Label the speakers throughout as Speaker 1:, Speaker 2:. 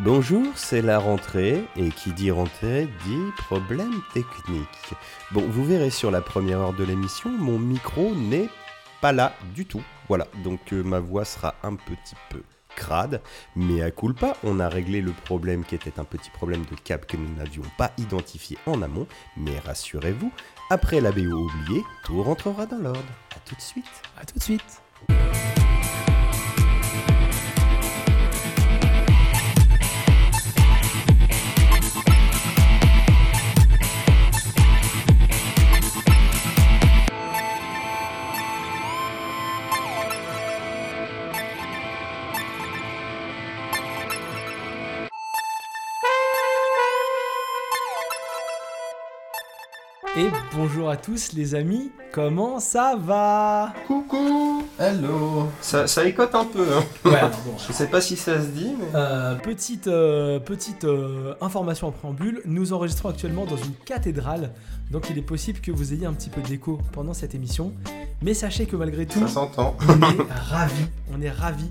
Speaker 1: Bonjour, c'est la rentrée, et qui dit rentrée dit problème technique. Bon, vous verrez sur la première heure de l'émission, mon micro n'est pas là du tout. Voilà, donc euh, ma voix sera un petit peu crade, mais à culpa, on a réglé le problème qui était un petit problème de câble que nous n'avions pas identifié en amont, mais rassurez-vous, après la BO oubliée, tout rentrera dans l'ordre. À tout de suite.
Speaker 2: A tout de suite. Et bonjour à tous les amis, comment ça va
Speaker 1: Coucou Hello ça, ça écote un peu, hein.
Speaker 2: Ouais, alors bon,
Speaker 1: Je sais pas si ça se dit, mais...
Speaker 2: euh, petite euh, petite euh, information en préambule, nous enregistrons actuellement dans une cathédrale, donc il est possible que vous ayez un petit peu d'écho pendant cette émission, mais sachez que malgré tout,
Speaker 1: Ça s'entend.
Speaker 2: on est ravis, on est ravis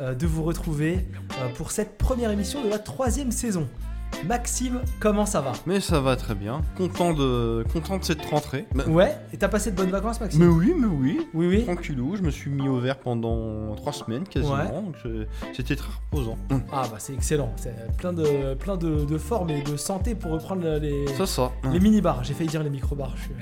Speaker 2: euh, de vous retrouver euh, pour cette première émission de la troisième saison. Maxime, comment ça va
Speaker 3: Mais ça va très bien. Content de, content de cette rentrée. Bah,
Speaker 2: Ouais, et t'as passé de bonnes vacances Maxime
Speaker 3: mais oui, mais oui.
Speaker 2: Oui, oui.
Speaker 3: Tranquillou, je me suis mis au vert pendant trois semaines quasiment. donc c'est- C'était très reposant. Mm.
Speaker 2: Ah bah c'est excellent, c'est plein de plein de, de formes et de santé pour reprendre les,
Speaker 3: Ça, ça. Mm.
Speaker 2: les mini-bars, j'ai failli dire les micro-bars, je suis,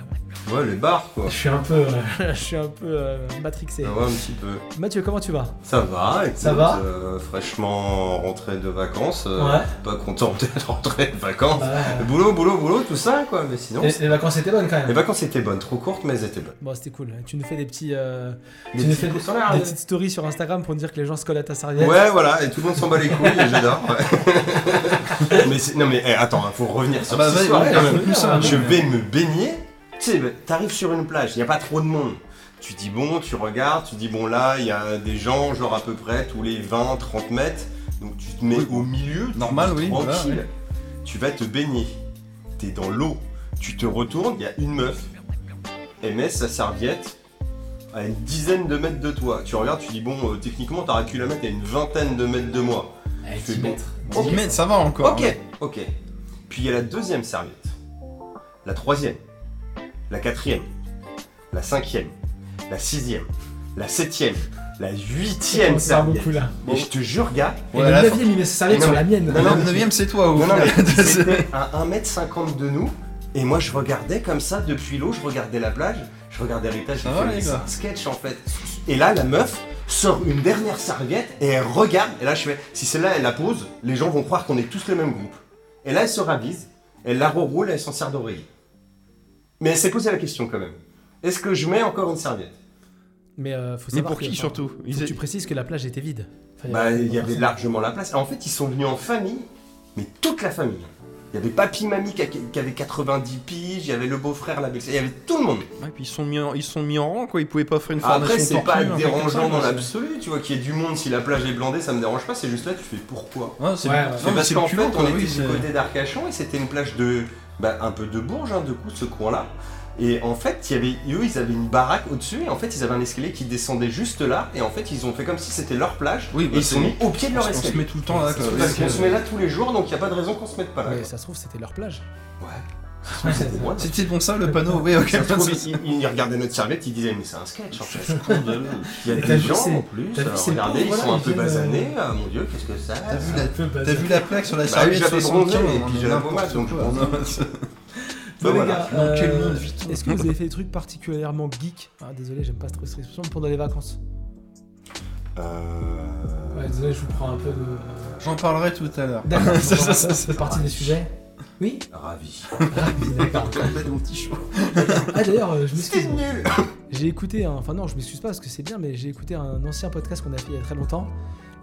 Speaker 1: Ouais, les bars, quoi.
Speaker 2: je suis un peu, je suis un peu euh, matrixé.
Speaker 1: Ouais, un petit peu.
Speaker 2: Mathieu, comment tu vas
Speaker 1: Ça va, écoute,
Speaker 2: Ça va
Speaker 1: euh, fraîchement rentré de vacances, euh,
Speaker 2: Ouais.
Speaker 1: pas content d'être rentré de vacances.
Speaker 2: Bah, ouais.
Speaker 1: Boulot, boulot, boulot, tout ça quoi, mais sinon...
Speaker 2: les, les vacances étaient bonnes quand
Speaker 1: Les
Speaker 2: même.
Speaker 1: vacances étaient bonnes, trop courtes mais elles étaient bonnes.
Speaker 2: Bon, c'était cool. Tu nous fais des petits, euh,
Speaker 1: Des
Speaker 2: tu nous
Speaker 1: petits
Speaker 2: fais des,
Speaker 1: coups sur l'air,
Speaker 2: des
Speaker 1: hein.
Speaker 2: petites stories sur Instagram pour nous dire que les gens se collent à ta serviette.
Speaker 1: Ouais voilà, et tout le monde s'en bat les couilles et j'adore. ouais. mais c'est- non mais eh, attends, hein, faut revenir sur
Speaker 3: Ah bah,
Speaker 1: cette
Speaker 3: vas-y,
Speaker 1: histoire,
Speaker 3: ouais,
Speaker 1: quand
Speaker 3: je
Speaker 1: même.
Speaker 3: veux ça,
Speaker 1: Je
Speaker 3: ouais.
Speaker 1: vais me baigner, tu sais, bah, t'arrives sur une plage, il a pas trop de monde. Tu dis bon, tu regardes, tu dis bon là, il y a des gens genre à peu près tous les 20, 30 mètres, donc tu te mets
Speaker 3: Oui.
Speaker 1: au milieu, tu
Speaker 3: Normal,
Speaker 1: te dis,
Speaker 3: oui,
Speaker 1: tranquille.
Speaker 3: voilà, ouais.
Speaker 1: Tu vas te baigner, t'es dans l'eau, tu te retournes, il y a une meuf, elle met sa serviette à une dizaine de mètres de toi. Tu regardes, tu dis bon, euh, techniquement t'as un kilomètre à une vingtaine de mètres de moi.
Speaker 2: Eh,
Speaker 1: C'est
Speaker 2: 10
Speaker 1: bon.
Speaker 2: mètres.
Speaker 1: Ok.
Speaker 3: 10 mètres, ça va encore.
Speaker 1: Ok,
Speaker 3: hein.
Speaker 1: ok. Puis il y a la deuxième serviette, la troisième, la quatrième, la cinquième, la sixième, la septième, la huitième
Speaker 2: C'est un bon
Speaker 1: serviette.
Speaker 2: coup là.
Speaker 1: Et je te jure, gars,
Speaker 2: Et
Speaker 3: Ouais, là,
Speaker 2: le 9 hein. il met sa serviette
Speaker 1: Non,
Speaker 2: sur la mienne.
Speaker 1: non,
Speaker 3: Et
Speaker 1: non,
Speaker 3: la
Speaker 1: mais-
Speaker 3: neuvième, c'est toi. au
Speaker 1: non, non,
Speaker 3: final.
Speaker 1: mais
Speaker 3: C'est-
Speaker 1: c'était à 1m50 de nous. Et moi, je regardais comme ça depuis l'eau, je regardais la plage, je regardais l'héritage, je
Speaker 3: Ah ouais,
Speaker 1: faisais-
Speaker 3: les
Speaker 1: c'est
Speaker 3: gars.
Speaker 1: un sketch en fait. Et là, la meuf sort une dernière serviette et elle regarde. Et là, je fais, si celle-là, elle la pose, les gens vont croire qu'on est tous le même groupe. Et là, elle se ravise, elle la reroule et elle s'en sert d'oreiller. Mais elle s'est posée la question quand même. Est-ce que je mets encore une serviette
Speaker 2: Mais euh, faut
Speaker 3: Mais
Speaker 2: savoir
Speaker 3: pour
Speaker 2: que-
Speaker 3: qui
Speaker 2: enfin,
Speaker 3: surtout
Speaker 2: faut
Speaker 3: Ils
Speaker 2: que
Speaker 3: étaient-
Speaker 2: Tu précises que la plage était vide. Enfin,
Speaker 1: Bah, il y avait
Speaker 2: personne.
Speaker 1: largement la place. En fait, ils sont venus en famille, mais toute la famille. Il y avait papy, mamie qui a- qui avait 90 piges, il y avait le beau-frère, la belle-sœur, il y avait tout le monde.
Speaker 3: Ouais, puis ils, sont mis en... ils sont mis en rang, quoi. Ils pouvaient pas faire une formation.
Speaker 1: Après, c'est
Speaker 3: tortue, hein.
Speaker 1: pas
Speaker 3: un truc comme ça,
Speaker 1: dérangeant dans
Speaker 3: quoi.
Speaker 1: l'absolu, tu vois, qu'il y ait du monde, si la plage est blandée, ça me dérange pas, c'est juste là, tu fais pourquoi
Speaker 3: Ouais, c'est
Speaker 2: Ouais, ouais.
Speaker 3: non,
Speaker 1: C'est
Speaker 3: mais
Speaker 1: parce
Speaker 3: c'est le
Speaker 1: qu'en fait,
Speaker 3: culot,
Speaker 1: on
Speaker 3: quoi,
Speaker 1: était
Speaker 3: oui,
Speaker 1: du
Speaker 3: c'est-
Speaker 1: côté d'Arcachon et c'était une plage de. Bah, un peu de Bourges, hein, de coup, ce coin-là. Et en fait, il y avait, eux, ils avaient une baraque au-dessus, et en fait, ils avaient un escalier qui descendait juste là, et en fait, ils ont fait comme si c'était leur plage,
Speaker 3: Oui,
Speaker 1: et
Speaker 3: bah,
Speaker 1: ils sont
Speaker 3: c'est-
Speaker 1: mis au pied de
Speaker 3: On
Speaker 1: leur
Speaker 3: se on
Speaker 1: escalier.
Speaker 3: se met tout le temps là. quoi.
Speaker 1: Parce qu'on se met là tous les jours, donc il a pas de raison qu'on se mette pas là.
Speaker 2: Mais ça se trouve, c'était leur plage.
Speaker 1: Ouais. Ça se trouve, c'était moi. Ça
Speaker 3: C'était bon ça le panneau Oui, ok.
Speaker 1: se trouve, il, il regardait notre serviette, il disait mais c'est un sketch en fait. Il y a
Speaker 2: T'as
Speaker 1: des
Speaker 2: vu,
Speaker 1: gens
Speaker 2: c'est-
Speaker 1: en plus,
Speaker 2: t'as vu,
Speaker 1: alors
Speaker 2: c'est
Speaker 1: regardez,
Speaker 2: pauvre,
Speaker 1: ils sont
Speaker 2: voilà,
Speaker 1: un peu
Speaker 2: ils viennent,
Speaker 1: basanés, ah, mon dieu, qu'est-ce que ça
Speaker 3: T'as vu la-
Speaker 2: Un peu
Speaker 3: T'as
Speaker 2: bazar.
Speaker 3: vu la plaque sur la
Speaker 1: Bah oui,
Speaker 3: serviette
Speaker 1: j'avais
Speaker 3: 75,
Speaker 1: bronzé, et
Speaker 3: on
Speaker 1: puis
Speaker 3: en
Speaker 1: j'ai la
Speaker 3: a n'importe
Speaker 1: pommade, donc je
Speaker 3: quoi.
Speaker 1: pense-
Speaker 3: Non, c'est-
Speaker 2: Bon, les
Speaker 1: Voilà.
Speaker 2: gars,
Speaker 3: Dans quel
Speaker 2: euh,
Speaker 3: monde vit-on
Speaker 2: Est-ce que vous avez fait des trucs particulièrement geek ah, Désolé, j'aime pas trop cette expression pendant les vacances.
Speaker 1: Euh...
Speaker 2: Ouais, désolé, je vous prends un peu de.
Speaker 3: J'en parlerai tout à l'heure.
Speaker 2: D'accord,
Speaker 3: Ça,
Speaker 2: bon,
Speaker 3: ça,
Speaker 2: ça
Speaker 3: ça,
Speaker 2: fait
Speaker 3: ça.
Speaker 2: partie des sujets. Ah, Oui
Speaker 1: Ravi.
Speaker 2: D'accord.
Speaker 3: mon petit chou.
Speaker 2: Ah d'ailleurs, euh, je m'excuse.
Speaker 1: C'était nul
Speaker 2: J'ai écouté un. Enfin, non, je m'excuse pas parce que c'est bien, mais j'ai écouté un ancien podcast qu'on a fait il y a très longtemps.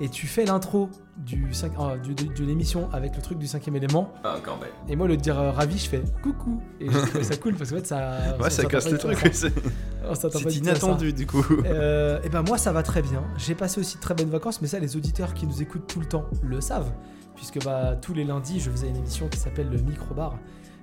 Speaker 2: Et tu fais l'intro du cinq- euh, du- de, de l'émission avec le truc du cinquième élément.
Speaker 1: Ah, encore belle.
Speaker 2: Et moi, le dire euh, ravi, je fais coucou. Et j'ai trouvé ça cool parce que en fait, ça.
Speaker 3: Ouais, ça casse le truc. oui, c'est- C'est inattendu du coup.
Speaker 2: et ben moi ça va très bien. J'ai passé aussi de très bonnes vacances, mais ça les auditeurs qui nous écoutent tout le temps le savent, puisque bah tous les lundis je faisais une émission qui s'appelle le micro bar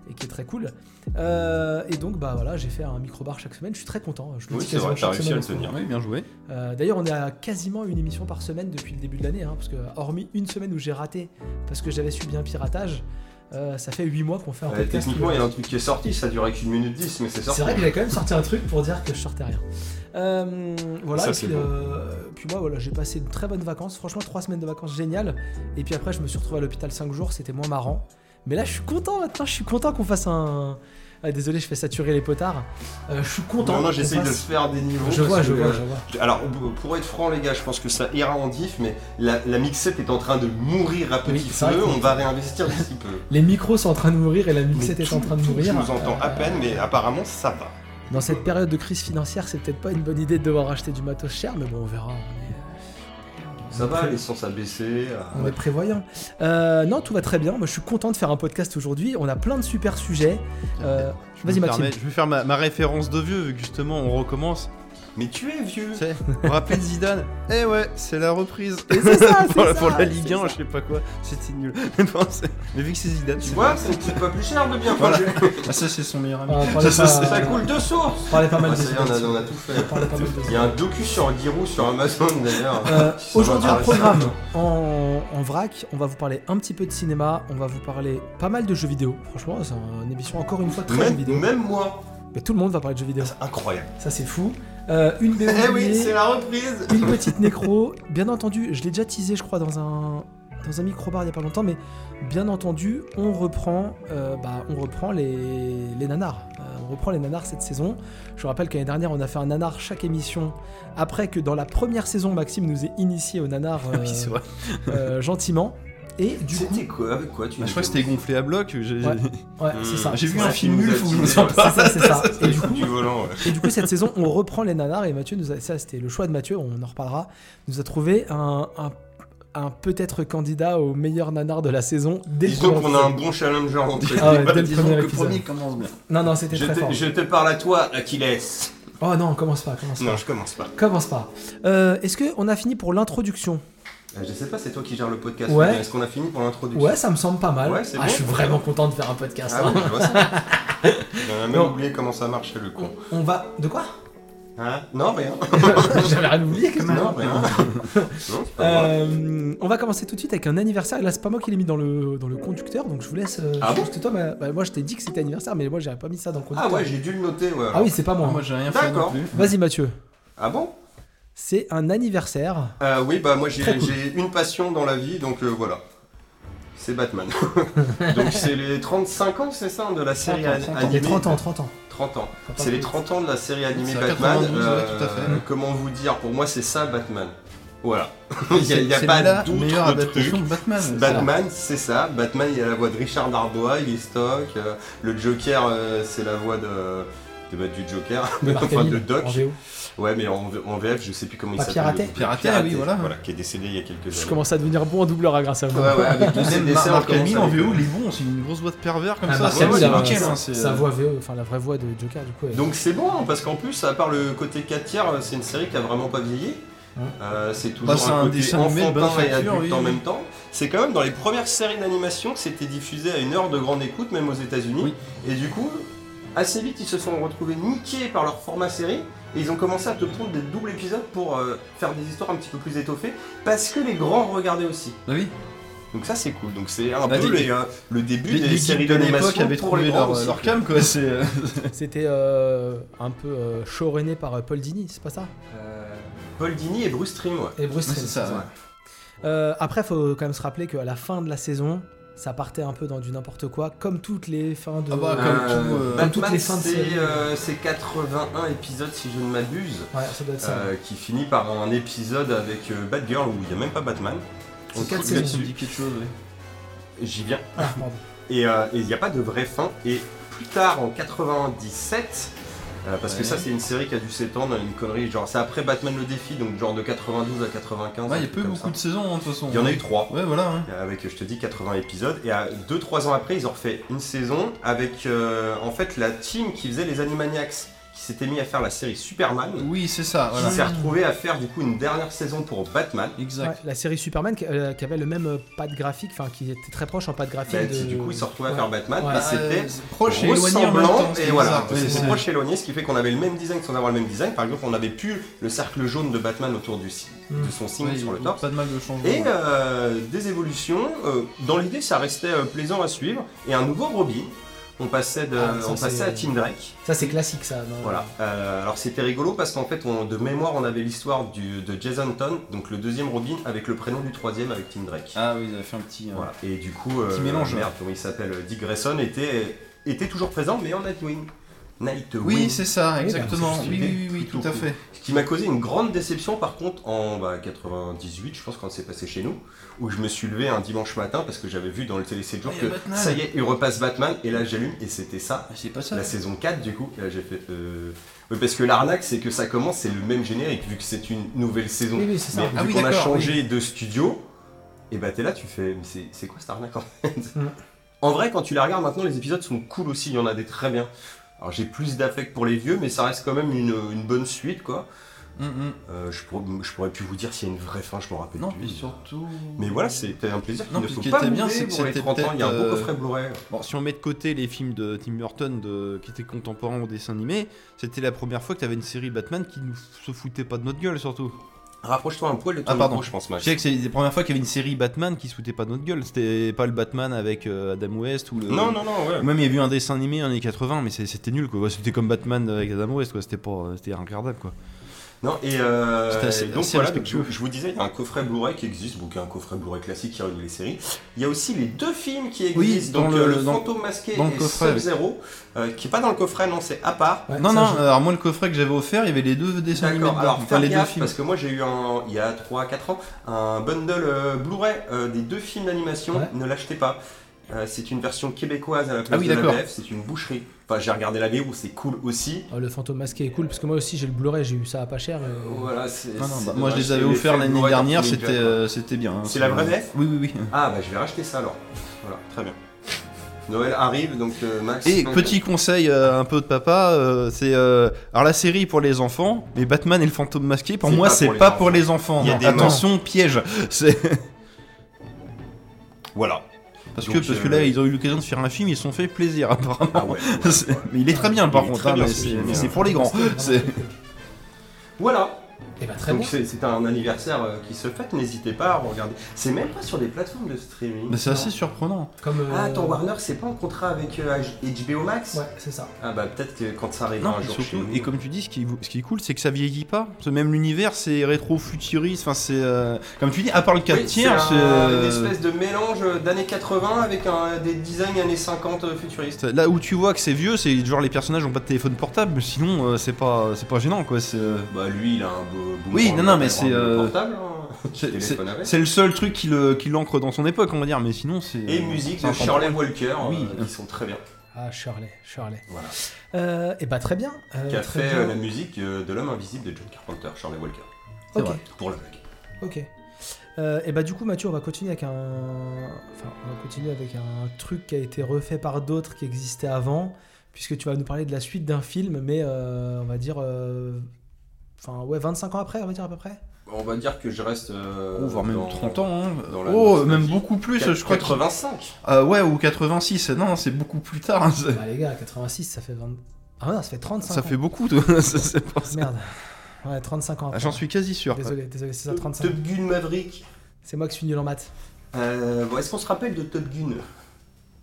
Speaker 2: et qui est très cool. Euh, et donc, bah voilà, j'ai fait un micro-bar chaque semaine. Je suis très content. hein. Je le
Speaker 1: Oui,
Speaker 2: dis
Speaker 1: c'est vrai,
Speaker 2: quasiment
Speaker 1: t'as
Speaker 2: chaque
Speaker 1: réussi à
Speaker 2: semaine
Speaker 1: le
Speaker 2: en ce moment.
Speaker 1: tenir.
Speaker 3: Oui, bien joué.
Speaker 2: Euh, D'ailleurs, on est à quasiment une émission par semaine depuis le début de l'année, hein, parce que hormis une semaine où j'ai raté parce que j'avais subi un piratage, euh, ça fait 8 mois qu'on fait un
Speaker 1: Euh,
Speaker 2: podcast.
Speaker 1: techniquement, il y a un truc qui est sorti, ça durait qu'une minute dix, mais c'est sorti.
Speaker 2: C'est vrai qu'il a quand même sorti un truc pour dire que je sortais rien. Euh, voilà,
Speaker 1: Ça,
Speaker 2: et
Speaker 1: c'est
Speaker 2: puis,
Speaker 1: bon.
Speaker 2: euh, puis moi, voilà, j'ai passé de très bonnes vacances. Franchement, trois semaines de vacances géniales. Et puis après, je me suis retrouvé à l'hôpital 5 jours, c'était moins marrant. Mais là, je suis content maintenant, je suis content qu'on fasse un. Ah, désolé, je fais saturer les potards. Euh, je suis content.
Speaker 1: Non, non,
Speaker 2: qu'on
Speaker 1: j'essaye de
Speaker 2: fasse-
Speaker 1: se faire des niveaux.
Speaker 2: Je vois,
Speaker 1: parce
Speaker 2: je
Speaker 1: que,
Speaker 2: vois,
Speaker 1: euh,
Speaker 2: je vois.
Speaker 1: Alors, pour être franc, les gars, je pense que ça ira en diff, mais la, la mixette est en train de mourir à petit
Speaker 2: Oui, c'est vrai
Speaker 1: feu.
Speaker 2: qu'on-
Speaker 1: On va réinvestir d'ici peu.
Speaker 2: Les micros sont en train de mourir et la mixette
Speaker 1: Mais
Speaker 2: est en
Speaker 1: tout-
Speaker 2: train de
Speaker 1: tout,
Speaker 2: mourir.
Speaker 1: Je vous entends à
Speaker 2: Euh,
Speaker 1: peine, mais apparemment, ça va.
Speaker 2: Dans cette période de crise financière, c'est peut-être pas une bonne idée de devoir acheter du matos cher, mais bon, on verra. on est-
Speaker 1: Ça
Speaker 2: on est
Speaker 1: va,
Speaker 2: pré-
Speaker 1: l'essence a baissé. euh,
Speaker 2: On est Ah prévoyant. Euh, non, tout va très bien. Moi, je suis content de faire un podcast aujourd'hui. On a plein de super sujets. Euh,
Speaker 3: Je
Speaker 2: Vas-y,
Speaker 3: me
Speaker 2: Maxime.
Speaker 3: permets- je vais faire ma, ma référence de vieux, vu que justement on recommence.
Speaker 1: Mais tu es vieux.
Speaker 3: Tu sais, vous vous rappelez de Zidane Eh ouais, c'est la reprise.
Speaker 2: Et c'est ça, c'est
Speaker 3: pour,
Speaker 2: ça,
Speaker 3: pour la
Speaker 2: c'est
Speaker 3: Ligue 1,
Speaker 2: ça.
Speaker 3: je sais pas quoi. C'était nul. Mais bon, c'est- mais vu que c'est Zidane,
Speaker 1: Tu
Speaker 3: c'est
Speaker 1: vois,
Speaker 3: pas-
Speaker 1: c'est c'est pas plus cher de bien
Speaker 3: Voilà.
Speaker 1: faire.
Speaker 3: Ah, ça, c'est son meilleur ami.
Speaker 2: Ah, parlez
Speaker 3: Ça,
Speaker 2: pas-
Speaker 3: ça,
Speaker 1: Ça coule de source.
Speaker 2: Parlez pas mal
Speaker 1: Ah,
Speaker 2: de
Speaker 1: ça y est, on a- on a tout fait.
Speaker 2: Parlez pas mal de
Speaker 1: Il y a un docu sur Giroud sur Amazon d'ailleurs.
Speaker 2: Euh,
Speaker 1: Ça va
Speaker 2: Aujourd'hui au
Speaker 1: parler.
Speaker 2: programme, en, en vrac, on va vous parler un petit peu de cinéma, on va vous parler pas mal de jeux vidéo. Franchement, c'est une émission encore une fois très jeux
Speaker 1: Même,
Speaker 2: vidéo.
Speaker 1: même moi.
Speaker 2: Mais tout le monde va parler de jeux vidéo.
Speaker 1: C'est incroyable.
Speaker 2: Ça c'est fou. Euh, une BO
Speaker 1: Eh oui,
Speaker 2: oubliée,
Speaker 1: c'est la reprise.
Speaker 2: une petite nécro. Bien entendu, je l'ai déjà teasé je crois dans un dans un micro bar il y a pas longtemps, mais bien entendu, on reprend, euh, bah, on reprend les, les nanars. Euh, on reprend les nanars cette saison. Je vous rappelle que l'année dernière, on a fait un nanar chaque émission. Après que dans la première saison, Maxime nous ait initié au nanar euh,
Speaker 3: Oui, c'est vrai.
Speaker 2: euh, gentiment. Et du coup,
Speaker 1: C'était quoi avec quoi tu
Speaker 3: Bah, je crois que c'était gonflé à bloc. j'ai-
Speaker 2: Ouais. ouais, c'est ça.
Speaker 3: Mmh. J'ai
Speaker 2: c'est
Speaker 3: vu
Speaker 2: ça.
Speaker 3: un film nul, faut que je me
Speaker 1: sens
Speaker 2: C'est ça, c'est ça. Et du coup,
Speaker 1: du volant. ouais.
Speaker 2: Et du coup, cette saison, on reprend les nanars et Mathieu nous a, ça c'était le choix de Mathieu, on en reparlera, nous a trouvé un, un, un peut-être candidat au meilleur nanar de la saison. Dès le
Speaker 1: Dis donc
Speaker 2: premier
Speaker 1: qu'on a un
Speaker 2: épisode.
Speaker 1: bon challenge en entrée.
Speaker 2: Ah ouais, dès le
Speaker 3: Disons
Speaker 2: premier
Speaker 3: que le
Speaker 2: épisode.
Speaker 3: premier commence bien.
Speaker 2: Non, non, c'était
Speaker 1: Je
Speaker 2: très fort.
Speaker 1: te, je te parle à toi, Achilles.
Speaker 2: Oh non, commence pas, commence
Speaker 1: Non,
Speaker 2: pas.
Speaker 1: je commence pas.
Speaker 2: Commence pas. Euh, Est-ce qu'on a fini pour l'introduction
Speaker 1: Euh, Je sais pas, c'est toi qui gères le podcast.
Speaker 2: Ouais.
Speaker 1: Fabien. Est-ce qu'on a fini pour l'introduction
Speaker 2: Ouais, ça me semble pas mal.
Speaker 1: Ouais, c'est
Speaker 2: ah,
Speaker 1: bon.
Speaker 2: je suis vraiment content de faire un podcast.
Speaker 1: Ah
Speaker 2: hein.
Speaker 1: oui, je vois ça. J'en ai même
Speaker 2: Non.
Speaker 1: oublié comment ça marchait le con.
Speaker 2: on, on va. De quoi
Speaker 1: Hein non, rien.
Speaker 2: J'avais rien oublié quand même.
Speaker 1: non, rien. non, c'est pas vrai.
Speaker 2: Euh, on va commencer tout de suite avec un anniversaire. Et là, c'est pas moi qui l'ai mis dans le, dans le conducteur, donc je vous laisse. euh,
Speaker 1: Ah
Speaker 2: je
Speaker 1: bon
Speaker 2: pense que toi, bah, bah, moi, je t'ai dit que c'était anniversaire, mais moi, j'avais pas mis ça dans le
Speaker 1: Ah
Speaker 2: conducteur.
Speaker 1: ouais, j'ai dû le noter, ouais.
Speaker 2: oh, Ah oui, c'est pas moi.
Speaker 3: Moi, j'ai rien fait non
Speaker 1: D'accord.
Speaker 3: plus.
Speaker 2: Vas-y, Mathieu.
Speaker 1: Ah bon
Speaker 2: C'est un anniversaire.
Speaker 1: Euh, oui, bah moi j'ai
Speaker 2: Très cool.
Speaker 1: j'ai une passion dans la vie, donc euh, voilà. C'est Batman. donc c'est les 35 ans, c'est ça, de la série
Speaker 3: 30 ans,
Speaker 1: animée
Speaker 2: Il y a 30 ans, 30 ans.
Speaker 1: 30 ans.
Speaker 2: Faut pas
Speaker 1: C'est les
Speaker 2: oublier.
Speaker 1: 30 ans de la série animée
Speaker 3: C'est à
Speaker 1: Batman. euh,
Speaker 3: 92, ouais, tout à fait.
Speaker 1: Comment vous dire Pour moi, c'est ça Batman. Voilà. Il n'y a, il y a
Speaker 3: C'est
Speaker 1: pas
Speaker 3: la meilleure
Speaker 1: d'autre truc.
Speaker 3: adaptation de Batman.
Speaker 1: Batman, c'est ça. Batman, il y a la voix de Richard Darbois, il est stock. euh, le Joker, euh, c'est la voix de, de- bah, du Joker,
Speaker 2: De Mark
Speaker 1: enfin de
Speaker 2: Hamill,
Speaker 1: Doc.
Speaker 2: en VO.
Speaker 1: Ouais, mais en, en VF, je sais plus comment
Speaker 2: Pas
Speaker 1: il s'appelle.
Speaker 2: piraté.
Speaker 1: le-
Speaker 3: Piraté, oui, voilà.
Speaker 1: Qui est décédé il y a quelques
Speaker 3: ben
Speaker 1: années.
Speaker 2: Je commence à devenir bon en doubleur hein, grâce à vous.
Speaker 1: Ouais, ouais, avec tous ces
Speaker 3: Même
Speaker 1: dessins,
Speaker 3: Marc
Speaker 1: on commence
Speaker 3: Hamill en
Speaker 1: avec-
Speaker 3: VO, les bons, c'est une grosse voix de pervers comme
Speaker 2: Ah,
Speaker 3: ça.
Speaker 2: Mark
Speaker 3: C'est
Speaker 1: Hamill,
Speaker 3: c'est
Speaker 1: alors,
Speaker 3: nickel.
Speaker 2: sa-
Speaker 3: hein, c'est-
Speaker 2: Sa voix VO, enfin la vraie voix de Joker, du coup. elle-
Speaker 1: Donc c'est bon, hein, parce qu'en plus, à part le côté 4 tiers, c'est une série qui a vraiment pas vieilli.
Speaker 2: Ouais.
Speaker 1: Euh, c'est toujours
Speaker 3: Bah, c'est
Speaker 1: un
Speaker 3: un
Speaker 1: côté
Speaker 3: dessin animé de bonne
Speaker 1: enfantin et adulte
Speaker 3: facture, oui,
Speaker 1: en
Speaker 3: oui.
Speaker 1: même temps. C'est quand même dans les premières séries d'animation que c'était diffusé à une heure de grande écoute, même aux États-Unis.
Speaker 3: Oui.
Speaker 1: Et du coup, assez vite, ils se sont retrouvés niqués par leur format série. Et ils ont commencé à te prendre des doubles épisodes pour euh, faire des histoires un petit peu plus étoffées, parce que les grands regardaient aussi.
Speaker 3: Bah oui,
Speaker 1: Donc ça c'est cool. Donc c'est un
Speaker 3: Bah,
Speaker 1: peu
Speaker 3: les-
Speaker 1: les, euh, le début
Speaker 3: les,
Speaker 1: des
Speaker 3: les
Speaker 1: séries
Speaker 3: geeks de l'époque
Speaker 1: d'animation
Speaker 3: avaient
Speaker 1: pour
Speaker 3: trouvé
Speaker 1: les grands
Speaker 3: leur,
Speaker 1: aussi.
Speaker 3: leur cam quoi. C'est euh,
Speaker 2: C'était euh, un peu euh, showrunné par euh, Paul Dini, c'est pas ça
Speaker 1: Euh, Paul Dini et Bruce Trim, ouais.
Speaker 2: Et Bruce
Speaker 3: c'est
Speaker 2: Timm,
Speaker 3: ça, ouais.
Speaker 2: Euh, après, faut quand même se rappeler qu'à la fin de la saison, ça partait un peu dans du n'importe quoi, comme toutes les fins de.
Speaker 3: Ah bah, Comme tout, euh,
Speaker 1: Batman,
Speaker 2: toutes les fins de série.
Speaker 1: c'est euh, c'est 81 épisodes si je ne m'abuse,
Speaker 2: Ouais, ça doit être ça.
Speaker 1: euh, qui finit par un épisode avec euh, Batgirl où il n'y a même pas Batman.
Speaker 2: C'est quatre
Speaker 1: coupe
Speaker 2: saisons.
Speaker 1: là-dessus.
Speaker 3: me dit quelque chose. ouais.
Speaker 1: J'y viens.
Speaker 2: Ah, pardon.
Speaker 1: Et euh, et il n'y a pas de vraie fin. Et plus tard, en 97, euh, parce que
Speaker 3: Ouais.
Speaker 1: ça c'est une série qui a dû s'étendre, une connerie, genre c'est après Batman le défi, donc genre de 92 à 95.
Speaker 3: Ouais,
Speaker 1: un
Speaker 3: il y a
Speaker 1: truc
Speaker 3: peu
Speaker 1: comme
Speaker 3: beaucoup
Speaker 1: ça.
Speaker 3: de saisons hein, de toute façon.
Speaker 1: Il y en a eu trois.
Speaker 3: Ouais, voilà. hein.
Speaker 1: avec je te dis 80 épisodes et 2-3 ans après ils ont refait une saison avec euh, en fait la team qui faisait les Animaniacs qui qui s'était mis à faire la série Superman,
Speaker 3: Oui, c'est ça, voilà. Ah.
Speaker 1: qui s'est retrouvé à faire du coup une dernière saison pour Batman.
Speaker 2: Ouais,
Speaker 3: Exact.
Speaker 2: la série Superman qui, euh, qui avait le même euh, patte graphique, enfin qui était très proche en patte graphique.
Speaker 1: Bah,
Speaker 2: de...
Speaker 1: qui, Du coup, il s'est retrouvé
Speaker 2: Ouais.
Speaker 1: à faire Batman,
Speaker 2: Ouais.
Speaker 1: mais c'était
Speaker 3: Ah, euh, proche et éloigné en même
Speaker 1: ressemblant
Speaker 3: temps.
Speaker 1: et voilà,
Speaker 3: bizarre.
Speaker 1: c'est
Speaker 3: Ouais,
Speaker 1: c'est proche et éloigné, ce qui fait qu'on avait le même design sans avoir le même design. Par exemple, on avait plus le cercle jaune de Batman autour du, si-
Speaker 2: Mm.
Speaker 1: de son signe
Speaker 3: Hmm. Ouais,
Speaker 1: sur le
Speaker 3: il y a
Speaker 1: torse.
Speaker 3: Pas de mal de changement.
Speaker 1: Et euh, des évolutions. euh, dans l'idée, ça restait euh, plaisant à suivre. Et un nouveau Robin. On passait, de-
Speaker 2: Ah, ça,
Speaker 1: on passait
Speaker 2: c'est-
Speaker 1: à Tim Drake.
Speaker 2: Ça c'est classique ça. non
Speaker 1: Voilà. Euh, alors c'était rigolo parce qu'en fait, on- de mémoire, on avait l'histoire du- de Jason Todd, donc le deuxième Robin, avec le prénom du troisième avec Tim Drake.
Speaker 3: Ah oui, ils avaient fait un petit. euh,
Speaker 1: Voilà. Et du coup, euh,
Speaker 3: Petit mélange. hein.
Speaker 1: merde, comment il s'appelle euh, Dick Grayson était, était toujours présent, mais en Nightwing. Nightwing.
Speaker 3: Oui, c'est ça,
Speaker 2: Oui,
Speaker 3: exactement.
Speaker 1: bah, c'est
Speaker 3: Oui,
Speaker 1: une
Speaker 3: oui, oui,
Speaker 1: idée
Speaker 3: tout à fait.
Speaker 1: Ce qui m'a causé une grande déception par contre en bah, 98, je pense quand c'est passé chez nous, où je me suis levé un dimanche matin parce que j'avais vu dans le télé 7 jours
Speaker 3: Ah, il y
Speaker 1: que
Speaker 3: a Batman.
Speaker 1: ça y est, il repasse Batman et là j'allume et c'était ça,
Speaker 3: Ah, C'est pas ça.
Speaker 1: la saison 4 du coup, et là j'ai fait... Euh... ouais, parce que l'arnaque c'est que ça commence, c'est le même générique vu que c'est une nouvelle saison.
Speaker 2: Oui, oui, c'est ça.
Speaker 1: Mais
Speaker 3: Ah
Speaker 1: vu
Speaker 3: oui,
Speaker 1: qu'on a
Speaker 3: d'accord,
Speaker 1: changé de studio, et bah t'es là, tu fais, mais c'est- c'est quoi cette arnaque en fait
Speaker 2: Mm.
Speaker 1: En vrai, quand tu la regardes maintenant, les épisodes sont cool aussi, il y en a des très bien. Alors j'ai plus d'affect pour les vieux, mais ça reste quand même une, une bonne suite quoi.
Speaker 3: Mm, mm.
Speaker 1: Euh, je, pourrais, je pourrais plus vous dire s'il y a une vraie fin, je m'en rappelle
Speaker 3: Non,
Speaker 1: plus.
Speaker 3: mais surtout.
Speaker 1: Mais voilà, c'était un plaisir qu'il
Speaker 3: Non,
Speaker 1: ne
Speaker 3: puis
Speaker 1: faut
Speaker 3: ce qui
Speaker 1: pas
Speaker 3: était bien,
Speaker 1: bien,
Speaker 3: c'est que
Speaker 1: pour les
Speaker 3: c'était
Speaker 1: 30 ans, il y a un beau
Speaker 3: peut-être, euh,
Speaker 1: coffret Blu-ray.
Speaker 3: Bon, si on met de côté les films de Tim Burton de- qui étaient contemporains au dessin animé, c'était la première fois que t'avais une série Batman qui nous se foutait pas de notre gueule surtout.
Speaker 1: Rapproche-toi un poil de ton
Speaker 3: Ah, pardon.
Speaker 1: micro, je pense,
Speaker 3: Je
Speaker 1: Max.
Speaker 3: sais que c'est la première fois qu'il y avait une série Batman qui se foutait pas de notre gueule. C'était pas le Batman avec euh, Adam West ou le.
Speaker 1: Non, non, non, ouais.
Speaker 3: Même il y a eu un dessin animé en années 80, mais c'est- c'était nul quoi. Ouais, C'était comme Batman avec Adam West quoi. C'était pas, c'était regardable quoi.
Speaker 1: Non, et euh,
Speaker 3: C'était assez-
Speaker 1: donc
Speaker 3: assez
Speaker 1: voilà, donc je,
Speaker 3: respectueux.
Speaker 1: je vous disais, il y a un coffret Blu-ray qui existe, donc un coffret Blu-ray classique qui relie les séries. Il y a aussi les deux films qui
Speaker 3: Oui,
Speaker 1: existent,
Speaker 3: dans
Speaker 1: donc
Speaker 3: le-
Speaker 1: euh, le,
Speaker 3: dans-
Speaker 1: fantôme masqué
Speaker 3: dans le
Speaker 1: et
Speaker 3: coffret, oui.
Speaker 1: Sub-Zero, euh, qui est pas dans le coffret, non, c'est à part.
Speaker 2: Ouais,
Speaker 3: non
Speaker 2: ça,
Speaker 3: non.
Speaker 2: je-
Speaker 3: Alors moi le coffret que j'avais offert, il y avait les deux dessins animés.
Speaker 1: D'accord,
Speaker 3: dedans,
Speaker 1: alors
Speaker 3: enfin
Speaker 1: fais
Speaker 3: les deux
Speaker 1: gaffe,
Speaker 3: films.
Speaker 1: parce que moi j'ai eu un, il y a 3-4 ans un bundle euh, Blu-ray euh, des deux films d'animation,
Speaker 2: Ouais.
Speaker 1: ne l'achetez pas. Euh, c'est une version québécoise à la place
Speaker 3: Ah oui,
Speaker 1: de la
Speaker 3: d'accord.
Speaker 1: VF, c'est une boucherie. Enfin, j'ai regardé la VO, c'est cool aussi.
Speaker 2: Oh, le fantôme masqué est cool parce que moi aussi j'ai le Blu-ray, j'ai eu ça à pas cher. et-
Speaker 1: Voilà, c'est.
Speaker 3: Non, non,
Speaker 1: c'est
Speaker 3: bah, moi je
Speaker 1: dommage,
Speaker 3: les avais
Speaker 1: c'est
Speaker 3: offerts
Speaker 1: faits
Speaker 3: l'année
Speaker 1: Blu-ray dans
Speaker 3: dernière,
Speaker 1: tous les
Speaker 3: c'était
Speaker 1: cas, quoi.
Speaker 3: euh, c'était bien. hein.
Speaker 1: C'est la vraie VF
Speaker 3: Oui, oui, oui.
Speaker 1: Ah bah je vais racheter ça alors. Voilà, très bien. Noël arrive donc euh, Max.
Speaker 3: Et
Speaker 1: donc,
Speaker 3: petit conseil euh, un peu de papa, euh, c'est euh, alors la série pour les enfants, mais Batman et le fantôme masqué, pour
Speaker 1: C'est
Speaker 3: moi
Speaker 1: pas
Speaker 3: c'est
Speaker 1: pour les
Speaker 3: pas
Speaker 1: enfants.
Speaker 3: pour les enfants.
Speaker 1: Il y a
Speaker 3: non.
Speaker 1: des
Speaker 3: Attention piège, c'est
Speaker 1: Voilà.
Speaker 3: parce
Speaker 1: Donc,
Speaker 3: que parce que
Speaker 1: euh,
Speaker 3: là ils ont eu l'occasion de faire un film, ils se sont fait plaisir apparemment.
Speaker 1: Ah ouais, ouais,
Speaker 3: C'est-
Speaker 1: ouais.
Speaker 3: Mais il est très bien par
Speaker 1: Il est
Speaker 3: contre,
Speaker 1: très
Speaker 3: hein,
Speaker 1: bien,
Speaker 3: mais
Speaker 1: ce
Speaker 3: c'est-
Speaker 1: film,
Speaker 3: mais
Speaker 1: hein.
Speaker 3: c'est pour les grands. C'est-
Speaker 1: Voilà.
Speaker 2: Eh ben, très
Speaker 1: donc
Speaker 2: bien.
Speaker 1: c'est c'est un anniversaire euh, qui se fête, n'hésitez pas à regarder. C'est même pas sur des plateformes de streaming.
Speaker 3: Mais Bah, c'est assez surprenant.
Speaker 2: Comme, euh,
Speaker 1: Ah, attends, Warner, c'est pas en contrat avec euh, H- HBO Max
Speaker 2: Ouais, c'est ça.
Speaker 1: Ah, bah peut-être que quand ça arrivera
Speaker 3: Non,
Speaker 1: un
Speaker 3: et
Speaker 1: jour
Speaker 3: surtout-
Speaker 1: chez nous.
Speaker 3: et comme tu dis, ce qui, ce qui est cool, c'est que ça vieillit pas. Parce que même l'univers, c'est rétro-futuriste. Enfin, c'est euh, comme tu dis, à part le 4
Speaker 1: Oui, c'est
Speaker 3: tiers,
Speaker 1: un-
Speaker 3: c'est, euh,
Speaker 1: une espèce de mélange euh, d'années 80 avec un- des designs années 50 euh, futuristes.
Speaker 3: Là où tu vois que c'est vieux, c'est genre les personnages ont pas de téléphone portable, mais sinon euh, c'est pas c'est pas gênant quoi. C'est euh,
Speaker 1: Bah lui, il a un beau. beau
Speaker 3: Oui,
Speaker 1: grand-
Speaker 3: non, non, mais
Speaker 1: un
Speaker 3: c'est,
Speaker 1: grand
Speaker 3: euh,
Speaker 1: Portable, hein, petit
Speaker 3: c'est-
Speaker 1: téléphone avec.
Speaker 3: c'est le seul truc qui le- qui l'ancre dans son époque, on va dire. Mais sinon c'est
Speaker 1: Et musique
Speaker 3: c'est
Speaker 1: de
Speaker 3: un
Speaker 1: Shirley Walker,
Speaker 3: Oui.
Speaker 1: euh, qui sont très bien.
Speaker 2: Ah, Shirley, Shirley.
Speaker 1: Voilà.
Speaker 2: Euh, eh ben, très bien. euh,
Speaker 1: Qui a
Speaker 2: très
Speaker 1: fait
Speaker 2: bien.
Speaker 1: euh, la musique euh, de l'homme invisible de John Carpenter, Shirley Walker.
Speaker 2: Ok.
Speaker 3: vrai.
Speaker 1: Pour la blague.
Speaker 2: Ok. Euh, et bah du coup Mathieu on va continuer avec un enfin on va continuer avec un truc qui a été refait par d'autres qui existait avant puisque tu vas nous parler de la suite d'un film mais euh, on va dire euh, enfin ouais 25 ans après on va dire à peu près
Speaker 1: On va dire que je reste. euh,
Speaker 3: Oh, voire même
Speaker 1: dans-
Speaker 3: 30 ans. hein.
Speaker 1: dans la
Speaker 3: oh,
Speaker 1: nostalgie.
Speaker 3: même beaucoup plus, je crois.
Speaker 1: 85
Speaker 3: qu'il- Ah ouais, ou 86. Non, c'est beaucoup plus tard. hein, c'est-
Speaker 2: bah les gars 86 ça fait 20 ah non ça fait 35
Speaker 3: ça
Speaker 2: ans.
Speaker 3: fait beaucoup. toi. Ça, c'est pas-
Speaker 2: merde ouais 35 ans
Speaker 3: Ah,
Speaker 2: après.
Speaker 3: J'en suis quasi sûr. quoi.
Speaker 2: désolé désolé c'est ça
Speaker 1: Top
Speaker 2: 35
Speaker 1: Gun Maverick.
Speaker 2: c'est moi qui suis nul en maths
Speaker 1: Euh, bon, Est-ce qu'on se rappelle de Top Gun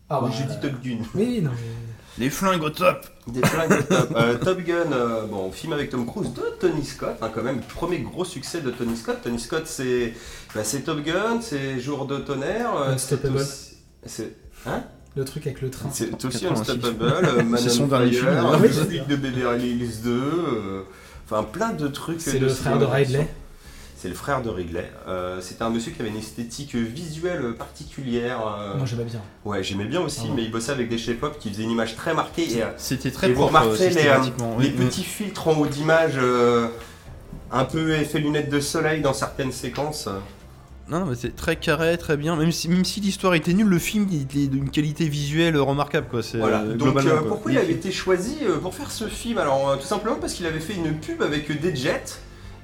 Speaker 2: ah
Speaker 1: Oui, J'ai dit Top Gun.
Speaker 2: oui non mais
Speaker 3: Les flingues au top.
Speaker 1: Des flingues au top. Euh, Top Gun, euh, bon, film avec Tom Cruise de Tony Scott, hein, quand même, premier gros succès de Tony Scott. Tony Scott, c'est bah, c'est Top Gun, c'est Jour de tonnerre. euh, c'est
Speaker 2: Unstoppable.
Speaker 1: aussi- C'est
Speaker 2: le truc avec le train
Speaker 1: c'est aussi
Speaker 3: 86.
Speaker 1: Unstoppable, euh, Man
Speaker 3: C'est son
Speaker 1: on
Speaker 3: dernier
Speaker 1: Fire,
Speaker 3: film, d'ailleurs.
Speaker 1: euh,
Speaker 2: Oui, c'est
Speaker 1: musique de Beverly Hills 2, euh, enfin plein de trucs.
Speaker 2: c'est le frère de
Speaker 1: cinéma d'action.
Speaker 2: Ridley
Speaker 1: C'est le frère de Ridley. Euh, C'était un monsieur qui avait une esthétique visuelle particulière. euh,
Speaker 2: moi j'aimais bien
Speaker 1: Ouais, j'aimais bien aussi,
Speaker 2: Ah ouais.
Speaker 1: mais il bossait avec des chefs pop qui faisaient une image très marquée et euh,
Speaker 3: C'était très
Speaker 1: Et vous
Speaker 3: propre.
Speaker 1: remarquerez
Speaker 3: euh,
Speaker 1: les,
Speaker 3: systématiquement, oui,
Speaker 1: les
Speaker 3: oui.
Speaker 1: petits filtres en haut d'image, euh, un peu effet lunettes de soleil dans certaines séquences. euh,
Speaker 3: Non, non, mais c'est très carré, très bien. Même si, même si l'histoire était nulle, le film il était d'une qualité visuelle remarquable, quoi. C'est
Speaker 1: Voilà.
Speaker 3: euh,
Speaker 1: Donc
Speaker 3: globalement,
Speaker 1: euh,
Speaker 3: quoi.
Speaker 1: pourquoi il avait été choisi euh, pour faire ce film Alors euh, tout simplement parce qu'il avait fait une pub avec euh, des jets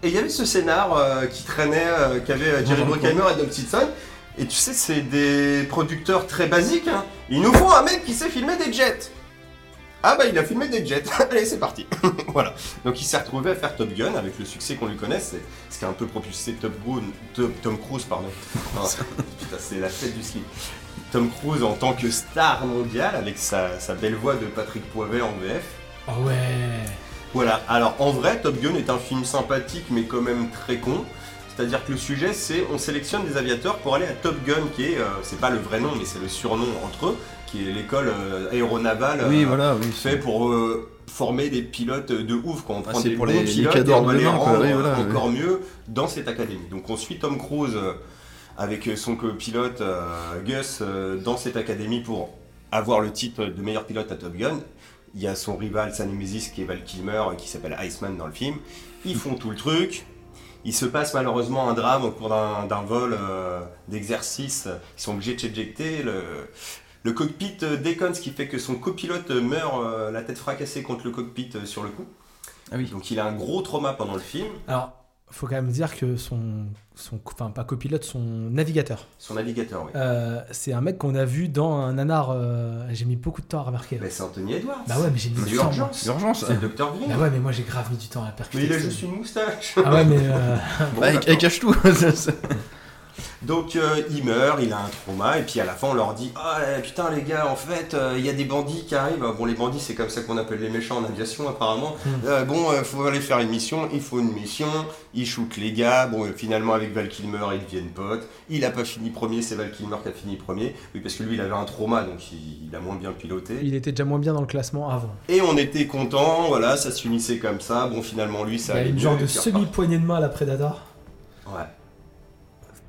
Speaker 1: et il y avait ce scénar euh, qui traînait, euh, qu'avait euh, Jerry
Speaker 3: Bonjour,
Speaker 1: Bruckheimer et Don Simpson. Et tu sais, c'est des producteurs très basiques. hein. Ils nous font un mec qui sait filmer des jets. Ah bah il a filmé des jets. Allez, c'est parti. voilà. Donc il s'est retrouvé à faire Top Gun avec le succès qu'on lui connaît, c'est ce qui a un peu propulsé Top Gun, Top- Tom Cruise pardon. Ah, putain, c'est la fête du ski. Tom Cruise en tant que star mondiale avec sa, sa belle voix de Patrick Poivet en VF.
Speaker 2: Ah ouais.
Speaker 1: Voilà, alors en vrai, Top Gun est un film sympathique mais quand même très con. C'est-à-dire que le sujet, c'est on sélectionne des aviateurs pour aller à Top Gun, qui est, euh, c'est pas le vrai nom, mais c'est le surnom entre eux, qui est l'école euh, aéronavale. euh,
Speaker 3: Oui, voilà, oui.
Speaker 1: fait pour euh, former des pilotes de ouf quand on
Speaker 3: Ah,
Speaker 1: prend
Speaker 3: c'est
Speaker 1: des
Speaker 3: pour
Speaker 1: bons
Speaker 3: les- les
Speaker 1: pilotes et
Speaker 3: cadors
Speaker 1: on va
Speaker 3: de
Speaker 1: les
Speaker 3: demain, quoi.
Speaker 1: rendre
Speaker 3: Oui, voilà,
Speaker 1: encore mieux dans cette académie. Donc on suit Tom Cruise euh, avec son copilote euh, Gus euh, dans cette académie pour avoir le titre de meilleur pilote à Top Gun. Il y a son rival, sa némésis qui est Val Kilmer euh, qui s'appelle Iceman dans le film. Ils font tout le truc. Il se passe malheureusement un drame au cours d'un d'un vol euh, d'exercice. Ils sont obligés de s'éjecter. Le, le cockpit euh, déconne, ce qui fait que son copilote euh, meurt euh, la tête fracassée contre le cockpit euh, sur le coup.
Speaker 3: Ah oui.
Speaker 1: Donc il a un gros trauma pendant le film.
Speaker 2: Alors, faut quand même dire que son, son enfin pas copilote, son navigateur,
Speaker 1: Son navigateur, oui.
Speaker 2: euh, c'est un mec qu'on a vu dans un nanar. euh, j'ai mis beaucoup de temps à remarquer.
Speaker 1: Bah, c'est Anthony Edwards.
Speaker 2: Ah, bah ouais, mais j'ai mis
Speaker 1: c'est
Speaker 2: du temps. moi.
Speaker 1: l'urgence.
Speaker 3: L'urgence.
Speaker 1: C'est Dr. Green.
Speaker 2: Bah ouais, mais moi j'ai grave mis du temps à percuter.
Speaker 1: Mais il a
Speaker 2: ce-
Speaker 1: juste une moustache.
Speaker 2: Ah ouais, mais euh,
Speaker 1: Bon,
Speaker 3: Bah,
Speaker 1: d'accord.
Speaker 3: elle cache tout.
Speaker 1: Donc euh, il meurt, il a un trauma, et puis à la fin on leur dit Ah putain les gars, en fait euh, il y a des bandits qui arrivent. Bon, les bandits c'est comme ça qu'on appelle les méchants en aviation apparemment.
Speaker 2: Mm.
Speaker 1: Euh, bon, euh, faut aller faire une mission, il faut une mission, ils shootent les gars. Bon, euh, finalement avec Val Kilmer ils deviennent potes. Il a pas fini premier, c'est Val Kilmer qui a fini premier. Oui, parce que lui il avait un trauma donc il, il a moins bien piloté.
Speaker 2: il était déjà moins bien dans le classement avant.
Speaker 1: Et on était contents, voilà, ça s'unissait comme ça. Bon, finalement lui ça
Speaker 2: il y a
Speaker 1: allait
Speaker 2: une
Speaker 1: mieux,
Speaker 2: genre
Speaker 1: et
Speaker 2: de
Speaker 1: puis reparti.
Speaker 2: semi-poignée de main à la Predator.
Speaker 1: Ouais.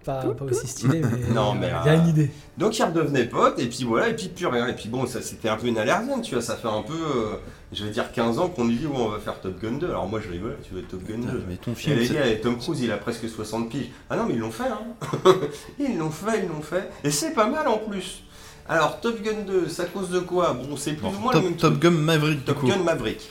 Speaker 2: Pas, pas aussi stylé, mais
Speaker 1: Non, mais,
Speaker 2: il y a
Speaker 1: euh,
Speaker 2: une idée.
Speaker 1: Donc ils redevenaient potes, et puis voilà, et puis plus rien. Et puis bon, ça c'était un peu une allergienne, tu vois, ça fait un peu, euh, je vais dire 15 ans qu'on nous dit, ouais, on va faire Top Gun 2. Alors moi je rigole, tu veux Top Gun 2
Speaker 3: Mais ton
Speaker 1: et
Speaker 3: film,
Speaker 1: les
Speaker 3: c'est-
Speaker 1: gars, et Tom Cruise, il a presque 60 piges. Ah non, mais ils l'ont fait, hein Ils l'ont fait, ils l'ont fait. Et c'est pas mal en plus. Alors, Top Gun 2, c'est à cause de quoi Bon, c'est plus
Speaker 3: Bon,
Speaker 1: ou moins le même
Speaker 3: Top, Top Gun Maverick, du
Speaker 1: Top
Speaker 3: coup.
Speaker 1: Gun Maverick.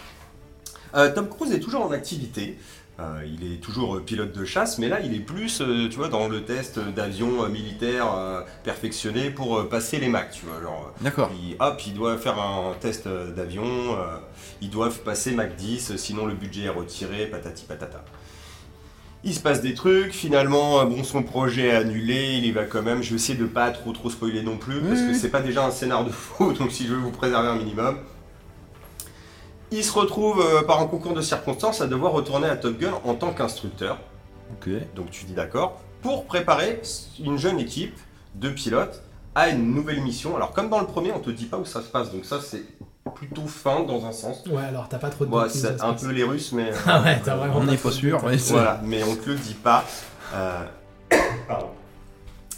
Speaker 1: Euh, Tom Cruise est toujours en activité. Euh, il est toujours euh, pilote de chasse, mais là il est plus, euh, tu vois, dans le test euh, d'avion euh, militaire euh, perfectionné pour euh, passer les Macs, tu vois. Genre,
Speaker 3: D'accord.
Speaker 1: il, hop, il doit faire un test euh, d'avion, euh, ils doivent passer Mac 10, euh, sinon le budget est retiré, patati patata. Il se passe des trucs, finalement, euh, bon, son projet est annulé, il y va quand même. Je vais essayer de pas trop trop spoiler non plus, parce
Speaker 3: Oui,
Speaker 1: que
Speaker 3: oui.
Speaker 1: c'est pas déjà un scénar de fou, donc si je veux vous préserver un minimum. Il se retrouve euh, par un concours de circonstances à devoir retourner à Top Gun en tant qu'instructeur.
Speaker 3: Ok.
Speaker 1: Donc tu dis d'accord, pour préparer une jeune équipe de pilotes à une nouvelle mission. Alors comme dans le premier, on te dit pas où ça se passe, donc ça c'est plutôt fin dans un sens.
Speaker 2: Ouais, alors t'as pas trop de.
Speaker 1: Moi,
Speaker 2: doute,
Speaker 1: c'est
Speaker 2: ça
Speaker 1: un
Speaker 2: se
Speaker 1: peu les Russes, mais euh,
Speaker 2: Ah ouais, t'as vraiment.
Speaker 3: On n'est
Speaker 2: trop
Speaker 3: pas
Speaker 2: de
Speaker 3: sûr,
Speaker 2: doute.
Speaker 3: mais c'est.
Speaker 1: voilà, mais on te le dit pas. Euh, pardon.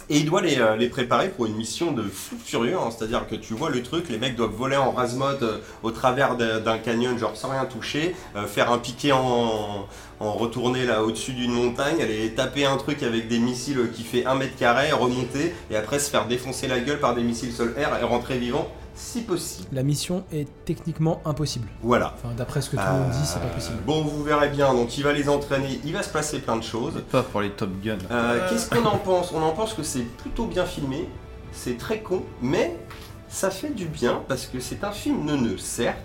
Speaker 1: Et il doit les, euh, les préparer pour une mission de fou furieux, hein. c'est-à-dire que tu vois le truc, les mecs doivent voler en rase-mode euh, au travers d'un d'un canyon, genre sans rien toucher, euh, faire un piqué en, en retourner là au-dessus d'une montagne, aller taper un truc avec des missiles qui fait un mètre carré, remonter, et après se faire défoncer la gueule par des missiles sol-air et rentrer vivant, si possible.
Speaker 2: La mission est techniquement impossible.
Speaker 1: Voilà.
Speaker 2: Enfin, d'après ce que tout le monde dit, c'est pas
Speaker 1: Euh,
Speaker 2: possible.
Speaker 1: Bon, vous verrez bien, donc il va les entraîner, il va se passer plein de choses.
Speaker 3: Pas pour les Top Gun.
Speaker 1: Euh, Qu'est-ce qu'on en pense On en pense que c'est plutôt bien filmé, c'est très con, mais ça fait du bien parce que c'est un film neuneux, certes,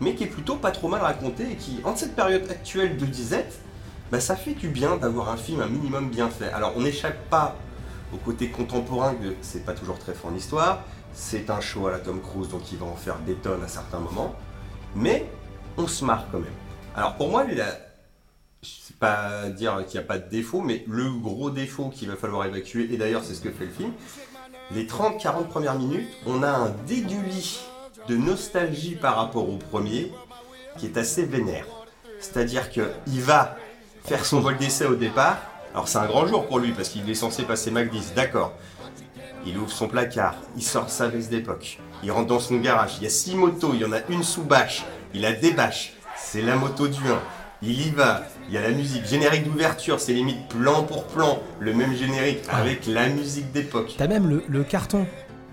Speaker 1: mais qui est plutôt pas trop mal raconté et qui, en cette période actuelle de disette, bah, ça fait du bien d'avoir un film un minimum bien fait. Alors on n'échappe pas au côté contemporain que c'est pas toujours très fort en histoire, c'est un show à la Tom Cruise donc il va en faire des tonnes à certains moments, mais on se marre quand même. Alors pour moi, la, je sais pas dire qu'il n'y a pas de défaut, mais le gros défaut qu'il va falloir évacuer, et d'ailleurs c'est ce que fait le film, les 30-40 premières minutes, on a un dégueulis de nostalgie par rapport au premier qui est assez vénère. C'est-à-dire qu'il va faire son vol d'essai au départ. Alors c'est un grand jour pour lui parce qu'il est censé passer Mac 10, d'accord. Il ouvre son placard, il sort sa veste d'époque, il rentre dans son garage, il y a six motos, il y en a une sous bâche, il a des bâches, c'est la moto du 1. Il y va, il y a la musique, générique d'ouverture, c'est limite plan pour plan, le même générique avec la musique d'époque.
Speaker 2: T'as même le, le carton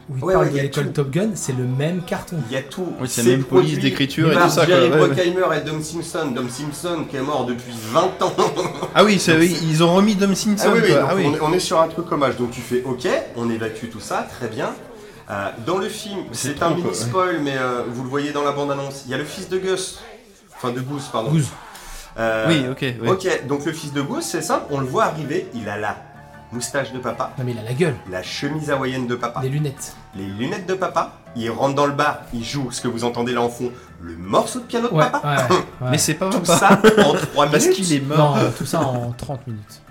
Speaker 2: où il
Speaker 1: Ouais,
Speaker 2: parle
Speaker 1: ouais, y
Speaker 2: de
Speaker 1: a
Speaker 2: l'école
Speaker 1: tout.
Speaker 2: Top Gun, c'est le même carton.
Speaker 1: Il y a tout.
Speaker 3: Oui, c'est la même
Speaker 1: produit
Speaker 3: police d'écriture et
Speaker 1: par
Speaker 3: tout ça, quoi,
Speaker 1: Jerry
Speaker 3: ouais, ouais.
Speaker 1: Bruckheimer et Dom Simpson. Dom Simpson qui est mort depuis 20 ans.
Speaker 3: Ah oui, c'est- oui, ils ont remis Dom Simpson.
Speaker 1: Ah oui, oui,
Speaker 3: quoi.
Speaker 1: donc
Speaker 3: Ah oui.
Speaker 1: On, est- on est sur un truc hommage. Donc tu fais OK, on évacue tout ça, très bien. Euh, dans le film,
Speaker 3: c'est
Speaker 1: c'est un
Speaker 3: trop, quoi,
Speaker 1: mini spoil, mais euh, vous le voyez dans la bande-annonce. Il y a le fils de Gus, enfin de Goose, pardon.
Speaker 2: Goose.
Speaker 1: Euh,
Speaker 3: Oui, ok. oui.
Speaker 1: Ok, donc le fils de Goose, c'est simple, on le voit arriver, il a la moustache de papa,
Speaker 2: Non mais il a la gueule,
Speaker 1: la chemise hawaïenne de papa,
Speaker 2: des lunettes.
Speaker 1: les lunettes de papa. Il rentre dans le bar, il joue ce que vous entendez là en fond, le morceau de piano de
Speaker 2: Ouais, ouais,
Speaker 1: papa.
Speaker 2: ouais.
Speaker 3: Mais c'est pas
Speaker 1: Tout
Speaker 3: papa.
Speaker 1: ça en 3
Speaker 3: Parce
Speaker 1: minutes.
Speaker 3: qu'il est mort.
Speaker 2: Non, euh, tout ça en 30 minutes.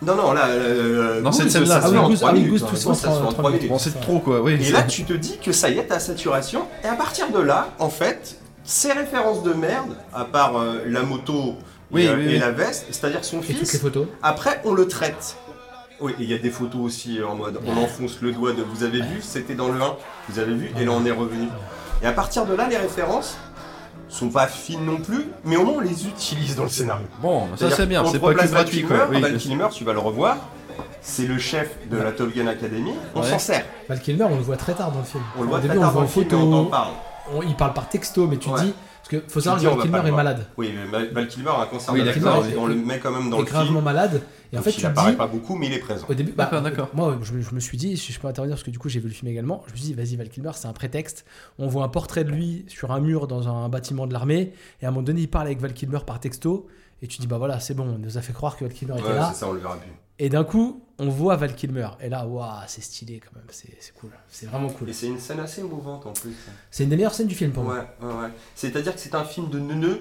Speaker 1: Non, non, là, euh,
Speaker 3: Dans
Speaker 1: Goose,
Speaker 3: cette scène-là,
Speaker 1: ça se
Speaker 3: ah oui,
Speaker 1: fait en
Speaker 2: Goose-
Speaker 1: 3
Speaker 2: ah oui,
Speaker 1: minutes.
Speaker 2: Goose,
Speaker 1: hein,
Speaker 2: tout se
Speaker 1: Goose,
Speaker 2: passe
Speaker 1: ça se fait
Speaker 2: en
Speaker 1: en
Speaker 2: 3
Speaker 1: 3 minutes.
Speaker 3: Bon, c'est trop quoi. Oui,
Speaker 1: Et
Speaker 3: c'est-
Speaker 1: là, tu te dis que ça y est, t'as la saturation. Et à partir de là, en fait, ces références de merde, à part euh, la moto et,
Speaker 3: Oui,
Speaker 1: euh,
Speaker 3: oui,
Speaker 1: et
Speaker 3: oui.
Speaker 1: la veste, c'est-à-dire son
Speaker 2: Et toutes les
Speaker 1: fils,
Speaker 2: photos.
Speaker 1: après, on le traite. Oui, et il y a des photos aussi euh, en mode on enfonce le doigt de vous avez vu, c'était dans le 1, vous avez vu, et là on est revenu. Et à partir de là, les références sont pas fines non plus, mais au moins on les utilise dans le scénario.
Speaker 3: Bon, ça
Speaker 1: C'est-à-dire
Speaker 3: c'est bien,
Speaker 1: qu'on
Speaker 3: c'est
Speaker 1: te
Speaker 3: pas que
Speaker 1: replace Val
Speaker 3: gratuit
Speaker 1: Kilmer,
Speaker 3: quoi. Oui,
Speaker 1: Val
Speaker 3: je-
Speaker 1: Kilmer, bah, tu vas le revoir, c'est le chef de la Top Gun Academy, on
Speaker 3: Ouais.
Speaker 1: s'en sert,
Speaker 2: Val Kilmer, on le voit très tard dans le film.
Speaker 1: on le
Speaker 2: Au
Speaker 1: voit
Speaker 2: début,
Speaker 1: très
Speaker 2: on
Speaker 1: tard dans
Speaker 2: voit en
Speaker 1: le film, mais on
Speaker 2: photo.
Speaker 1: t'en parle.
Speaker 2: on- il parle par texto, mais tu te
Speaker 1: Ouais.
Speaker 2: dis. Parce que faut savoir
Speaker 1: te
Speaker 2: que
Speaker 1: dis,
Speaker 2: Val
Speaker 1: on va pas
Speaker 2: Kilmer
Speaker 1: le
Speaker 2: est
Speaker 1: voir.
Speaker 2: malade.
Speaker 1: Oui, mais Val- Val Kilmer a un cancer
Speaker 3: Oui,
Speaker 1: de la
Speaker 3: d'accord,
Speaker 1: gorge,
Speaker 3: oui.
Speaker 1: et on le met quand même dans
Speaker 2: Il est
Speaker 1: le film.
Speaker 2: gravement malade. Et en
Speaker 1: donc
Speaker 2: fait,
Speaker 1: il
Speaker 2: tu te
Speaker 1: apparaît
Speaker 2: dis.
Speaker 1: pas beaucoup, mais il est présent.
Speaker 2: Au début, bah,
Speaker 3: D'accord, d'accord.
Speaker 2: moi je me, je me suis dit, si je peux intervenir, parce que du coup j'ai vu le film également, je me suis dit, vas-y Val Kilmer, c'est un prétexte. On voit un portrait de lui sur un mur dans un bâtiment de l'armée, et à un moment donné il parle avec Val Kilmer par texto, et tu dis, bah voilà, c'est bon, on nous a fait croire que Val Kilmer était
Speaker 1: Ouais,
Speaker 2: là,
Speaker 1: c'est ça, on le verra plus.
Speaker 2: et d'un coup on voit Val Kilmer, et là, waouh, c'est stylé quand même, c'est c'est cool, c'est vraiment cool.
Speaker 1: Et c'est une scène assez émouvante en plus.
Speaker 2: C'est une des meilleures scènes du film pour
Speaker 1: Ouais,
Speaker 2: moi.
Speaker 1: ouais, ouais. C'est-à-dire que c'est un film de neuneux,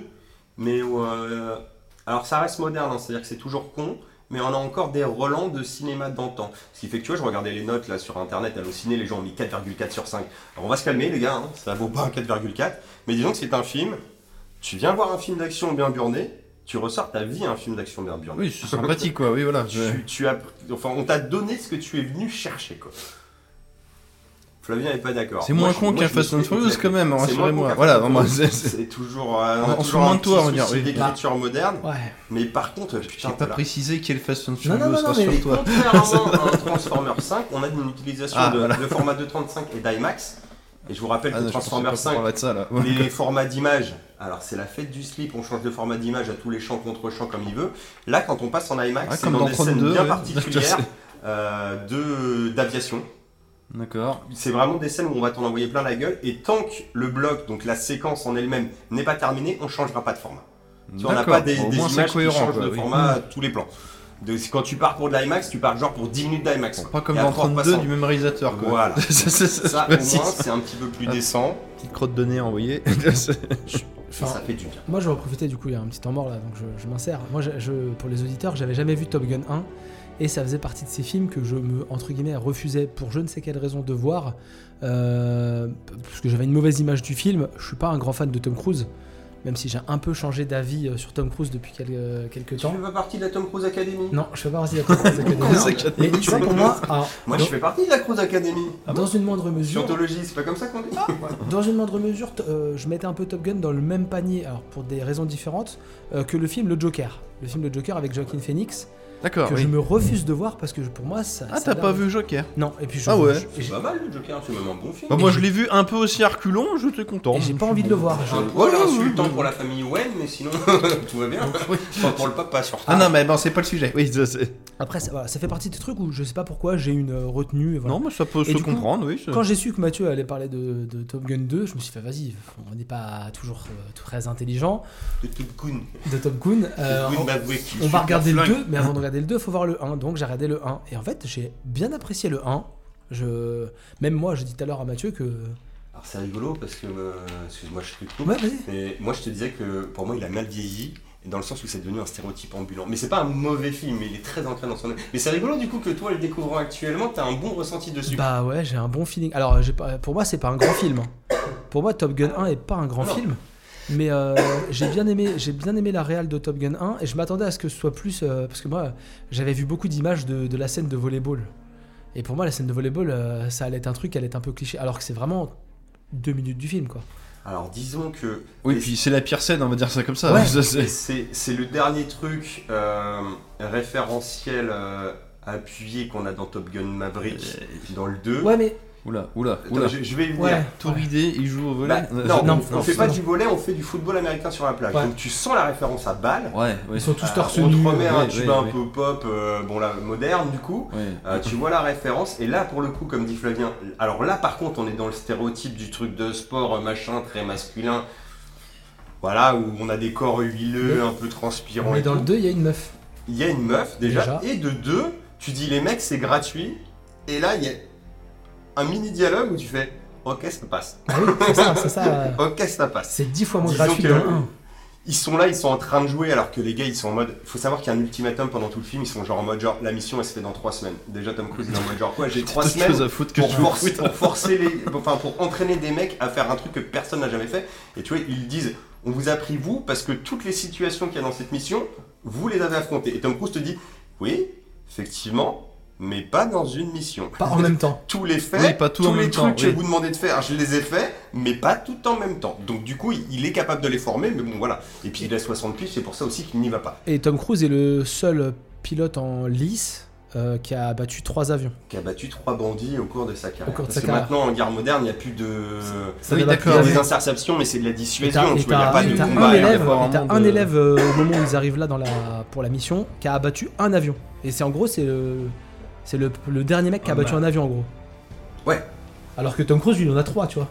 Speaker 1: mais où, euh, alors ça reste moderne, hein, c'est-à-dire que c'est toujours con, mais on a encore des relents de cinéma d'antan. Ce qui fait que tu vois, je regardais les notes là sur internet, à ciné, les gens ont mis 4,4 sur 5. Alors on va se calmer les gars, hein, ça vaut pas un 4,4, mais disons que c'est un film, tu viens voir un film d'action bien burné, tu ressors ta vie à un film d'action bien burné.
Speaker 3: Oui, c'est sympathique quoi. Oui, voilà. Ouais.
Speaker 1: Tu, tu as, enfin, on t'a donné ce que tu es venu chercher, quoi. Flavien n'est pas d'accord.
Speaker 3: C'est
Speaker 1: Moi,
Speaker 3: moins
Speaker 1: je-
Speaker 3: con
Speaker 1: moi,
Speaker 3: qu'un
Speaker 1: je me
Speaker 3: Fast and
Speaker 1: suis
Speaker 3: Furious
Speaker 1: éclaté.
Speaker 3: quand même,
Speaker 1: C'est moins con
Speaker 3: rassurez-moi.
Speaker 1: qu'un
Speaker 3: Voilà,
Speaker 1: Fast and
Speaker 3: vraiment.
Speaker 1: Furious.
Speaker 3: c'est- c'est-
Speaker 1: C'est toujours, euh, on a
Speaker 3: On se
Speaker 1: toujours
Speaker 3: moque
Speaker 1: un
Speaker 3: de toi, on
Speaker 1: petit
Speaker 3: va dire,
Speaker 1: souci
Speaker 3: oui.
Speaker 1: d'écriture moderne,
Speaker 2: Ouais.
Speaker 1: mais par contre,
Speaker 3: J'ai
Speaker 1: putain,
Speaker 3: pas
Speaker 1: voilà.
Speaker 3: précisé quel Fast and
Speaker 2: Non, non,
Speaker 3: Furious,
Speaker 2: non, non, mais-
Speaker 1: Mais
Speaker 3: rassure-toi.
Speaker 1: contrairement à un Transformer 5, on a une utilisation
Speaker 3: Ah,
Speaker 1: de,
Speaker 3: voilà.
Speaker 1: de format 2.35 et d'IMAX. Et je vous rappelle
Speaker 3: Ah
Speaker 1: que
Speaker 3: non, je pensais pas
Speaker 1: Transformer 5,
Speaker 3: qu'on parlait de ça là. Ouais.
Speaker 1: les formats d'image, alors c'est la fête du slip, on change de format d'image à tous les champs contre champs comme il veut. Là, quand on passe en IMAX,
Speaker 3: Ah,
Speaker 1: c'est
Speaker 3: comme
Speaker 1: dans,
Speaker 3: dans
Speaker 1: des scènes
Speaker 3: 32,
Speaker 1: bien
Speaker 3: ouais.
Speaker 1: particulières euh, de- d'aviation.
Speaker 3: D'accord.
Speaker 1: C'est vraiment des scènes où on va t'en envoyer plein la gueule. Et tant que le bloc, donc la séquence en elle-même, n'est pas terminée, on changera pas de format. Tu vois, on n'a
Speaker 3: D'accord.
Speaker 1: pas des,
Speaker 3: Au
Speaker 1: des
Speaker 3: moins, c'est
Speaker 1: images qui
Speaker 3: cohérent
Speaker 1: changent
Speaker 3: quoi.
Speaker 1: de
Speaker 3: oui. Hmm.
Speaker 1: format à tous les plans. De- quand tu pars pour de l'IMAX, tu pars genre pour 10 minutes
Speaker 3: Bon,
Speaker 1: d'IMAX. quoi.
Speaker 3: Pas comme
Speaker 1: Et
Speaker 3: dans
Speaker 1: après, on repasse
Speaker 3: 32
Speaker 1: en-
Speaker 3: du même réalisateur quoi.
Speaker 1: Voilà.
Speaker 3: Ça, c'est- ça,
Speaker 1: Ça, au
Speaker 3: je
Speaker 1: moins,
Speaker 3: précise.
Speaker 1: c'est un petit peu plus
Speaker 3: Ah.
Speaker 1: décent.
Speaker 3: Petite crotte de nez envoyée.
Speaker 1: Et
Speaker 2: Enfin,
Speaker 1: ça fait du bien.
Speaker 2: Moi, je vais en profiter du coup, il y a un petit temps mort là, donc je, je m'insère. Moi, je, je- pour les auditeurs, j'avais jamais vu Top Gun 1 et ça faisait partie de ces films que je me, entre guillemets, refusais pour je ne sais quelle raison de voir, euh, parce que j'avais une mauvaise image du film. Je suis pas un grand fan de Tom Cruise, même si j'ai un peu changé d'avis euh, sur Tom Cruise depuis quelques, quelques
Speaker 1: Tu
Speaker 2: temps.
Speaker 1: fais pas partie de la Tom Cruise Academy
Speaker 2: Non, je fais pas partie de la Tom Cruise Academy. Mais tu vois, pour moi, alors,
Speaker 1: Moi,
Speaker 2: dans,
Speaker 1: je fais partie de la Cruise Academy.
Speaker 2: dans une moindre mesure,
Speaker 1: Scientologie, c'est pas comme ça qu'on
Speaker 2: Ah.
Speaker 1: dit
Speaker 2: Dans une moindre mesure, t- euh, je mettais un peu Top Gun dans le même panier, alors pour des raisons différentes, euh, que le film Le Joker. Le film Le Joker avec Joaquin Phoenix,
Speaker 3: D'accord.
Speaker 2: que
Speaker 3: Ah oui.
Speaker 2: je me refuse de voir parce que je- pour moi ça. ça
Speaker 3: Ah,
Speaker 2: a
Speaker 3: t'as
Speaker 2: l'air
Speaker 3: pas
Speaker 2: de-
Speaker 3: vu Joker
Speaker 2: Non, et puis je.
Speaker 3: Ah ouais.
Speaker 2: je- et
Speaker 1: C'est
Speaker 2: j'ai-
Speaker 1: pas mal le Joker, c'est même un bon film.
Speaker 3: Bah, Moi,
Speaker 2: je-
Speaker 3: je l'ai vu un peu aussi à reculons, j'étais content.
Speaker 2: et j'ai pas envie de le voir. je-
Speaker 1: Un poil
Speaker 3: Ouais, ouais,
Speaker 1: insultant
Speaker 2: bah,
Speaker 3: ouais.
Speaker 1: pour la famille Wayne, mais sinon tout va bien.
Speaker 3: Oui.
Speaker 1: Enfin, pour le papa surtout.
Speaker 3: Ah non, mais bon, c'est pas le sujet. Oui, ça, c'est-
Speaker 2: Après, ça, voilà, ça fait partie des trucs où je sais pas pourquoi j'ai une euh, retenue. et voilà.
Speaker 3: Non, mais ça peut
Speaker 2: Et
Speaker 3: se
Speaker 2: du coup,
Speaker 3: comprendre, oui. ça-
Speaker 2: Quand j'ai su que Mathieu allait parler de, de Top Gun 2, je me suis fait vas-y, on n'est pas toujours euh, très intelligent
Speaker 1: De tout goon.
Speaker 2: de Top Gun. euh,
Speaker 1: Goon
Speaker 2: on-
Speaker 1: Baboué qui
Speaker 2: On
Speaker 1: suit
Speaker 2: va
Speaker 1: la
Speaker 2: regarder le
Speaker 1: flingue.
Speaker 2: 2, mais avant de regarder le 2, faut voir le 1. Donc j'ai regardé le 1. Et en fait, j'ai bien apprécié le 1. Je... Même moi, je dis tout à l'heure à Mathieu que.
Speaker 1: Alors c'est rigolo parce que, euh, excuse-moi, je te coupe.
Speaker 2: Ouais, vas-y.
Speaker 1: Mais moi, je te disais que pour moi, il a mal vieilli, et dans le sens où c'est devenu un stéréotype ambulant. Mais c'est pas un mauvais film, mais il est très ancré dans son. Mais c'est rigolo du coup que toi, le découvrant actuellement, t'as un bon ressenti dessus.
Speaker 2: Bah ouais, j'ai un bon feeling. Alors, j'ai pas... pour moi, c'est pas un grand film. hein. Pour moi, Top Gun 1 est pas un grand
Speaker 1: Non.
Speaker 2: film. Mais euh, j'ai bien aimé, j'ai bien aimé la réal de Top Gun 1 et je m'attendais à ce que ce soit plus euh, parce que moi j'avais vu beaucoup d'images de, de la scène de volleyball et pour moi la scène de volleyball euh, ça allait être un truc, elle allait être un peu cliché alors que c'est vraiment deux minutes du film quoi.
Speaker 1: Alors disons que
Speaker 3: Oui,
Speaker 1: Et
Speaker 3: puis c'est la pire scène, on va dire ça comme ça.
Speaker 2: Ouais.
Speaker 3: Ça, c'est-
Speaker 1: c'est c'est le dernier truc euh, référentiel euh, appuyé qu'on a dans Top Gun Maverick, dans le 2.
Speaker 2: Euh, Ouais, mais
Speaker 3: Oula, oula,
Speaker 1: Attends,
Speaker 3: oula.
Speaker 1: je, je vais y venir.
Speaker 2: Ouais. Euh,
Speaker 3: Torridé, il joue au
Speaker 1: Bah,
Speaker 3: volet.
Speaker 1: non,
Speaker 2: Non,
Speaker 1: on,
Speaker 2: non,
Speaker 1: fait pas
Speaker 2: non.
Speaker 1: du volet, on fait du football américain sur la plage.
Speaker 2: Ouais.
Speaker 1: Donc tu sens la référence à balle.
Speaker 3: Ouais, ouais.
Speaker 2: ils sont tous
Speaker 1: Euh,
Speaker 2: torse
Speaker 1: on
Speaker 2: nu.
Speaker 1: te remet un
Speaker 3: ouais,
Speaker 1: tube
Speaker 3: ouais,
Speaker 1: un
Speaker 3: ouais.
Speaker 1: peu pop, euh, bon là, moderne du coup.
Speaker 3: Ouais.
Speaker 1: Euh, tu vois la référence, et là pour le coup, comme dit Flavien, alors là par contre, on est dans le stéréotype du truc de sport euh, machin très masculin, voilà, où on a des corps huileux, un peu transpirants.
Speaker 2: Mais
Speaker 1: et
Speaker 2: dans
Speaker 1: tout.
Speaker 2: le 2, il y a une meuf.
Speaker 1: Il y a une meuf déjà,
Speaker 2: Déjà.
Speaker 1: et de deux, tu dis les mecs c'est gratuit, et là il y a un mini dialogue où tu fais ok, ça passe,
Speaker 2: Ah oui, c'est ça, c'est ça. euh,
Speaker 1: ok, ça passe.
Speaker 2: C'est dix fois moins
Speaker 1: Disons
Speaker 2: gratuit
Speaker 1: que-
Speaker 2: que dans le 1.
Speaker 1: Ils sont là, ils sont en train de jouer alors que les gars ils sont en mode. Faut savoir qu'il y a un ultimatum pendant tout le film, ils sont genre en mode genre la mission elle se fait dans trois semaines. Déjà Tom Cruise il est en mode genre quoi, j'ai trois
Speaker 3: D'autres
Speaker 1: semaines
Speaker 3: choses à foutre que
Speaker 1: pour,
Speaker 3: je joue au
Speaker 1: forcer,
Speaker 3: foot.
Speaker 1: pour forcer les, enfin pour entraîner des mecs à faire un truc que personne n'a jamais fait. Et tu vois, ils disent, on vous a pris vous parce que toutes les situations qu'il y a dans cette mission, vous les avez affrontées. Et Tom Cruise te dit, oui, effectivement, mais pas dans une mission.
Speaker 2: Pas en même temps.
Speaker 1: Tous les faits,
Speaker 3: Oui, pas tout
Speaker 1: tous
Speaker 3: en
Speaker 1: les
Speaker 3: même
Speaker 1: trucs
Speaker 3: temps,
Speaker 1: que
Speaker 3: oui.
Speaker 1: vous demandez de faire, je les ai faits, mais pas tout en même temps. Donc du coup, il, il est capable de les former, mais bon voilà. Et puis il a 60 piges, c'est pour ça aussi qu'il n'y va pas,
Speaker 2: Et Tom Cruise est le seul pilote en lice euh, qui a battu trois avions.
Speaker 1: qui a battu trois bandits au cours de sa carrière.
Speaker 2: cours de
Speaker 1: Parce
Speaker 2: sa
Speaker 1: que
Speaker 2: carrière.
Speaker 1: maintenant, en guerre moderne, il n'y a plus de...
Speaker 2: Ça
Speaker 3: Oui,
Speaker 2: n'a pas
Speaker 3: d'accord,
Speaker 1: Il y a
Speaker 2: pu
Speaker 1: des
Speaker 2: aller.
Speaker 1: interceptions, mais c'est de la
Speaker 2: Et t'as
Speaker 1: dissuasion,
Speaker 2: et
Speaker 1: tu vois, il n'y a
Speaker 2: t'as-
Speaker 1: pas
Speaker 2: et
Speaker 1: de
Speaker 2: t'as
Speaker 1: combat.
Speaker 2: un
Speaker 1: il y a
Speaker 2: élève,
Speaker 1: pas vraiment
Speaker 2: et t'as
Speaker 1: de-
Speaker 2: un élève euh, au moment où ils arrivent là dans la, pour la mission qui a abattu un avion. Et c'est en gros, c'est le, c'est le, le dernier mec qui a
Speaker 3: Ah
Speaker 2: abattu
Speaker 3: bah.
Speaker 2: un avion en gros.
Speaker 1: Ouais.
Speaker 2: Alors que Tom Cruise, lui, il en a trois, tu vois.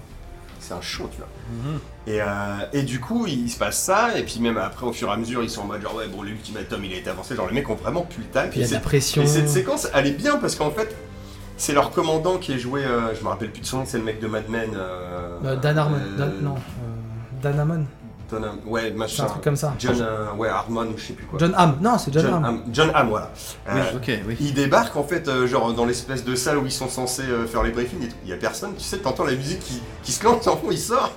Speaker 1: C'est un show, tu vois.
Speaker 3: Mhm.
Speaker 1: Et, euh, et du coup, il se passe ça, et puis même après, au fur et à mesure, ils sont en mode genre, ouais, bon, l'ultimatum, il a été avancé, genre, les mecs ont vraiment pu le time.
Speaker 2: Puis il y a de la
Speaker 1: Et
Speaker 2: pression.
Speaker 1: cette séquence, elle est bien parce qu'en fait, c'est leur commandant qui est joué, euh, je me rappelle plus de son nom, c'est le mec de Mad Men. euh,
Speaker 2: Euh, Dan Harmon.
Speaker 1: euh,
Speaker 2: Dan- non. euh, Dan Harmon.
Speaker 1: Don Ham- ouais,
Speaker 2: C'est
Speaker 1: machin.
Speaker 2: un truc comme ça.
Speaker 1: John, euh, ouais, Harmon, ou je sais plus quoi.
Speaker 2: John Hamm. Non, c'est John, Hamm.
Speaker 1: Hamm. John Hamm, voilà.
Speaker 3: Oui,
Speaker 1: Euh,
Speaker 3: ok, oui.
Speaker 1: Ils débarquent en fait, euh, genre dans l'espèce de salle où ils sont censés euh, faire les briefings et tout. Il y a personne, tu sais, t'entends la musique qui, qui se lance en fond, il sort,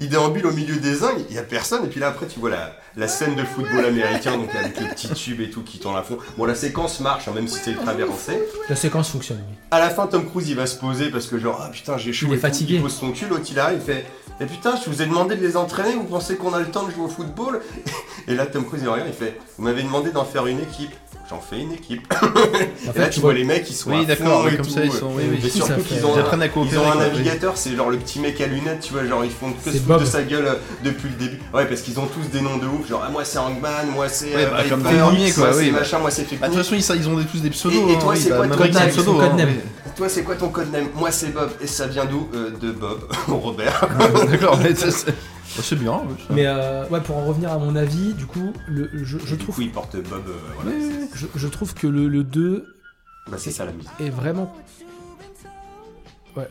Speaker 1: il déambule au milieu des zingues, il y a personne, et puis là après tu vois la, la scène de football américain, donc avec le petit tube et tout qui tourne à fond. Bon, la séquence marche, hein, même si c'est ultra bien lancé.
Speaker 2: La séquence fonctionne. oui.
Speaker 1: À la fin, Tom Cruise il va se poser parce que, genre, ah putain, j'ai chaud.
Speaker 2: Il est
Speaker 1: et tout.
Speaker 2: fatigué.
Speaker 1: Il pose son cul, l'autre il arrive, il fait Eh putain, je vous ai demandé de les entraîner, vous pensez qu'on a le temps de jouer au football Et là, Tom Cruise il regarde, il fait Vous m'avez demandé d'en faire une équipe. J'en fais une équipe.
Speaker 2: En
Speaker 1: Et là,
Speaker 2: fait,
Speaker 1: tu vois les mecs, ils sont
Speaker 3: Oui,
Speaker 1: à
Speaker 3: d'accord,
Speaker 1: fond
Speaker 3: oui,
Speaker 1: et
Speaker 3: comme
Speaker 1: tout,
Speaker 3: ça, ils
Speaker 1: euh.
Speaker 3: sont. Oui,
Speaker 1: Et
Speaker 3: oui.
Speaker 2: Tout
Speaker 1: surtout
Speaker 2: ça
Speaker 1: qu'ils
Speaker 2: fait-
Speaker 1: ont,
Speaker 3: Ils apprennent
Speaker 1: un,
Speaker 3: à
Speaker 1: ils
Speaker 3: coopérer.
Speaker 1: ont un
Speaker 3: quoi, oui.
Speaker 1: navigateur, c'est genre le petit mec à lunettes, tu vois, genre ils font que
Speaker 2: C'est
Speaker 1: se foutre de
Speaker 2: Bob.
Speaker 1: sa gueule euh, depuis le début. Ouais, parce qu'ils ont tous des noms de ouf, genre ah, moi c'est Hangman, moi c'est
Speaker 3: Ouais,
Speaker 1: euh,
Speaker 3: bah, comme
Speaker 1: Viper,
Speaker 3: Phoenix,
Speaker 1: moi
Speaker 3: quoi,
Speaker 1: c'est
Speaker 3: oui, bah.
Speaker 1: machin, moi c'est Fake
Speaker 3: Ah, de toute
Speaker 1: News.
Speaker 3: façon, ils, ça- ils ont des- tous des pseudos.
Speaker 1: Et- et toi,
Speaker 3: hein,
Speaker 1: c'est
Speaker 3: oui,
Speaker 1: quoi
Speaker 3: bah,
Speaker 1: ton
Speaker 3: Maverick,
Speaker 2: code
Speaker 3: c'est un
Speaker 2: name,
Speaker 3: pseudo,
Speaker 2: son code
Speaker 3: hein,
Speaker 2: name
Speaker 3: oui.
Speaker 1: Toi c'est quoi ton codename Moi c'est Bob, et ça vient d'où Euh, De Bob, Robert.
Speaker 3: D'accord, mais ça, c'est oh, c'est bien. oui, ça.
Speaker 2: Mais euh, ouais, pour en revenir à mon avis, du coup, le, je, je
Speaker 1: Et du
Speaker 2: trouve,
Speaker 1: coup, il porte Bob, euh, voilà.
Speaker 2: je, je trouve que le, le 2
Speaker 1: Bah, c'est ça la musique.
Speaker 2: est vraiment. Ouais.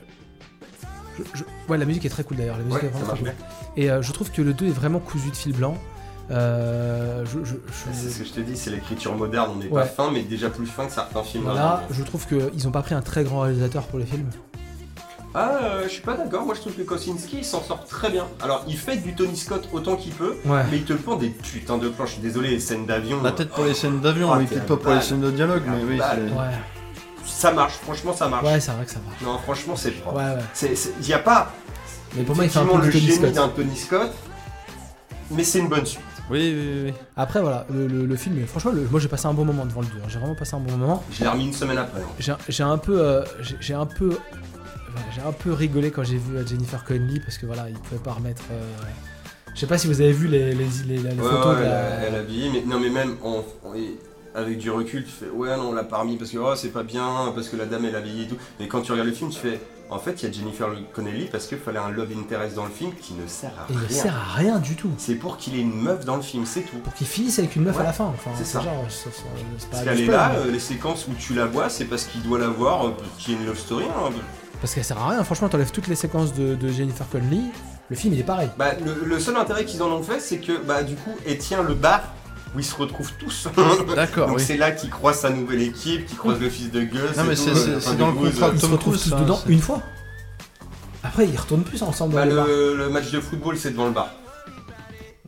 Speaker 2: Je- je- Ouais, la musique est très cool d'ailleurs. La musique
Speaker 1: Ouais,
Speaker 2: est
Speaker 1: ça
Speaker 2: vraiment
Speaker 1: marche
Speaker 2: très
Speaker 1: bien.
Speaker 2: cool. Et euh, je trouve que le 2 est vraiment cousu de fil blanc. Euh, je, je- je-
Speaker 1: Ah, C'est ce que je te dis, c'est l'écriture moderne, on n'est
Speaker 2: Ouais.
Speaker 1: pas fin, mais déjà plus fin que certains films.
Speaker 2: Voilà, je trouve qu'ils ont pas pris un très grand réalisateur pour le film.
Speaker 1: Ah, euh, je suis pas d'accord. Moi, je trouve que Kosinski il s'en sort très bien. Alors, il fait du Tony Scott autant qu'il peut,
Speaker 2: Ouais.
Speaker 1: mais il te prend des putains de planches. Je suis désolé, les scènes d'avion.
Speaker 3: Bah, peut-être pour les scènes d'avion,
Speaker 1: Ah,
Speaker 3: oui,
Speaker 1: t'es
Speaker 3: peut-être
Speaker 1: un
Speaker 3: pas pour les
Speaker 1: dalle.
Speaker 3: scènes de dialogue,
Speaker 1: Un
Speaker 3: mais oui.
Speaker 1: dalle.
Speaker 3: c'est-
Speaker 2: Ouais,
Speaker 1: Ça marche, franchement, ça marche.
Speaker 2: ouais c'est vrai que ça marche.
Speaker 1: Non, franchement, c'est propre.
Speaker 2: Ouais, ouais.
Speaker 1: C'est, c'est- y a pas
Speaker 2: Mais pour moi, il fait un
Speaker 1: effectivement,
Speaker 2: peu
Speaker 1: le
Speaker 2: de Tony
Speaker 1: génie
Speaker 2: Scott.
Speaker 1: d'un Tony Scott, mais c'est une bonne suite.
Speaker 3: Oui, oui, oui.
Speaker 2: Après, voilà, le, le- le film, est- franchement, le- moi j'ai passé un bon moment devant le 2. hein. J'ai vraiment passé un bon moment.
Speaker 1: Je l'ai remis une semaine après. hein.
Speaker 2: J'ai j'ai un peu. euh, j'ai j'ai un peu. J'ai un peu rigolé quand j'ai vu euh, Jennifer Connelly parce que voilà, il pouvait pas remettre. euh, Je sais pas si vous avez vu les, les, les- les
Speaker 1: Ouais,
Speaker 2: photos
Speaker 1: ouais,
Speaker 2: de
Speaker 1: elle,
Speaker 2: la-
Speaker 1: a- elle a habillé, mais non, mais même en- en- et avec du recul, tu fais ouais, non, on l'a pas remis parce que oh, c'est pas bien, parce que la dame elle a vieilli et tout. Mais quand tu regardes le film, tu fais en fait, il y a Jennifer Connelly parce qu'il fallait un love interest dans le film qui ne sert à
Speaker 2: Et il ne
Speaker 1: rien.
Speaker 2: sert à rien du tout.
Speaker 1: C'est pour qu'il ait une meuf dans le film, c'est tout.
Speaker 2: Pour qu'il finisse avec une meuf
Speaker 1: Ouais,
Speaker 2: à la fin. Enfin,
Speaker 1: c'est ça.
Speaker 2: genre, c'est- c'est- c'est pas
Speaker 1: Parce
Speaker 2: du
Speaker 1: qu'elle est
Speaker 2: spoil, hein.
Speaker 1: là,
Speaker 2: mais-
Speaker 1: euh, les séquences où tu la vois, c'est parce qu'il doit la voir, euh, qu'il y ait une love story. hein.
Speaker 2: Parce qu'elle sert à rien. Franchement, t'enlèves toutes les séquences de, de Jennifer Connelly, le film il est pareil.
Speaker 1: Bah, le, le seul intérêt qu'ils en ont fait, c'est que bah, du coup, elle tient le bar où ils se retrouvent tous.
Speaker 3: D'accord,
Speaker 1: Donc
Speaker 3: oui.
Speaker 1: c'est là qu'il croise sa nouvelle équipe, qu'il croise le fils de Gus.
Speaker 3: Non,
Speaker 1: et
Speaker 3: mais
Speaker 1: tout,
Speaker 3: c'est-
Speaker 1: euh,
Speaker 3: c'est-
Speaker 1: enfin,
Speaker 3: c'est
Speaker 1: de
Speaker 3: dans le
Speaker 1: Goose.
Speaker 3: contrat.
Speaker 2: Ils se
Speaker 3: Bah, Tom
Speaker 2: retrouvent
Speaker 3: Cruise,
Speaker 2: tous
Speaker 3: ça,
Speaker 2: dedans
Speaker 3: c'est-
Speaker 2: une fois. Après, ils retournent plus ensemble dans
Speaker 1: Bah,
Speaker 2: le bar.
Speaker 1: le, le match de football, c'est devant le bar.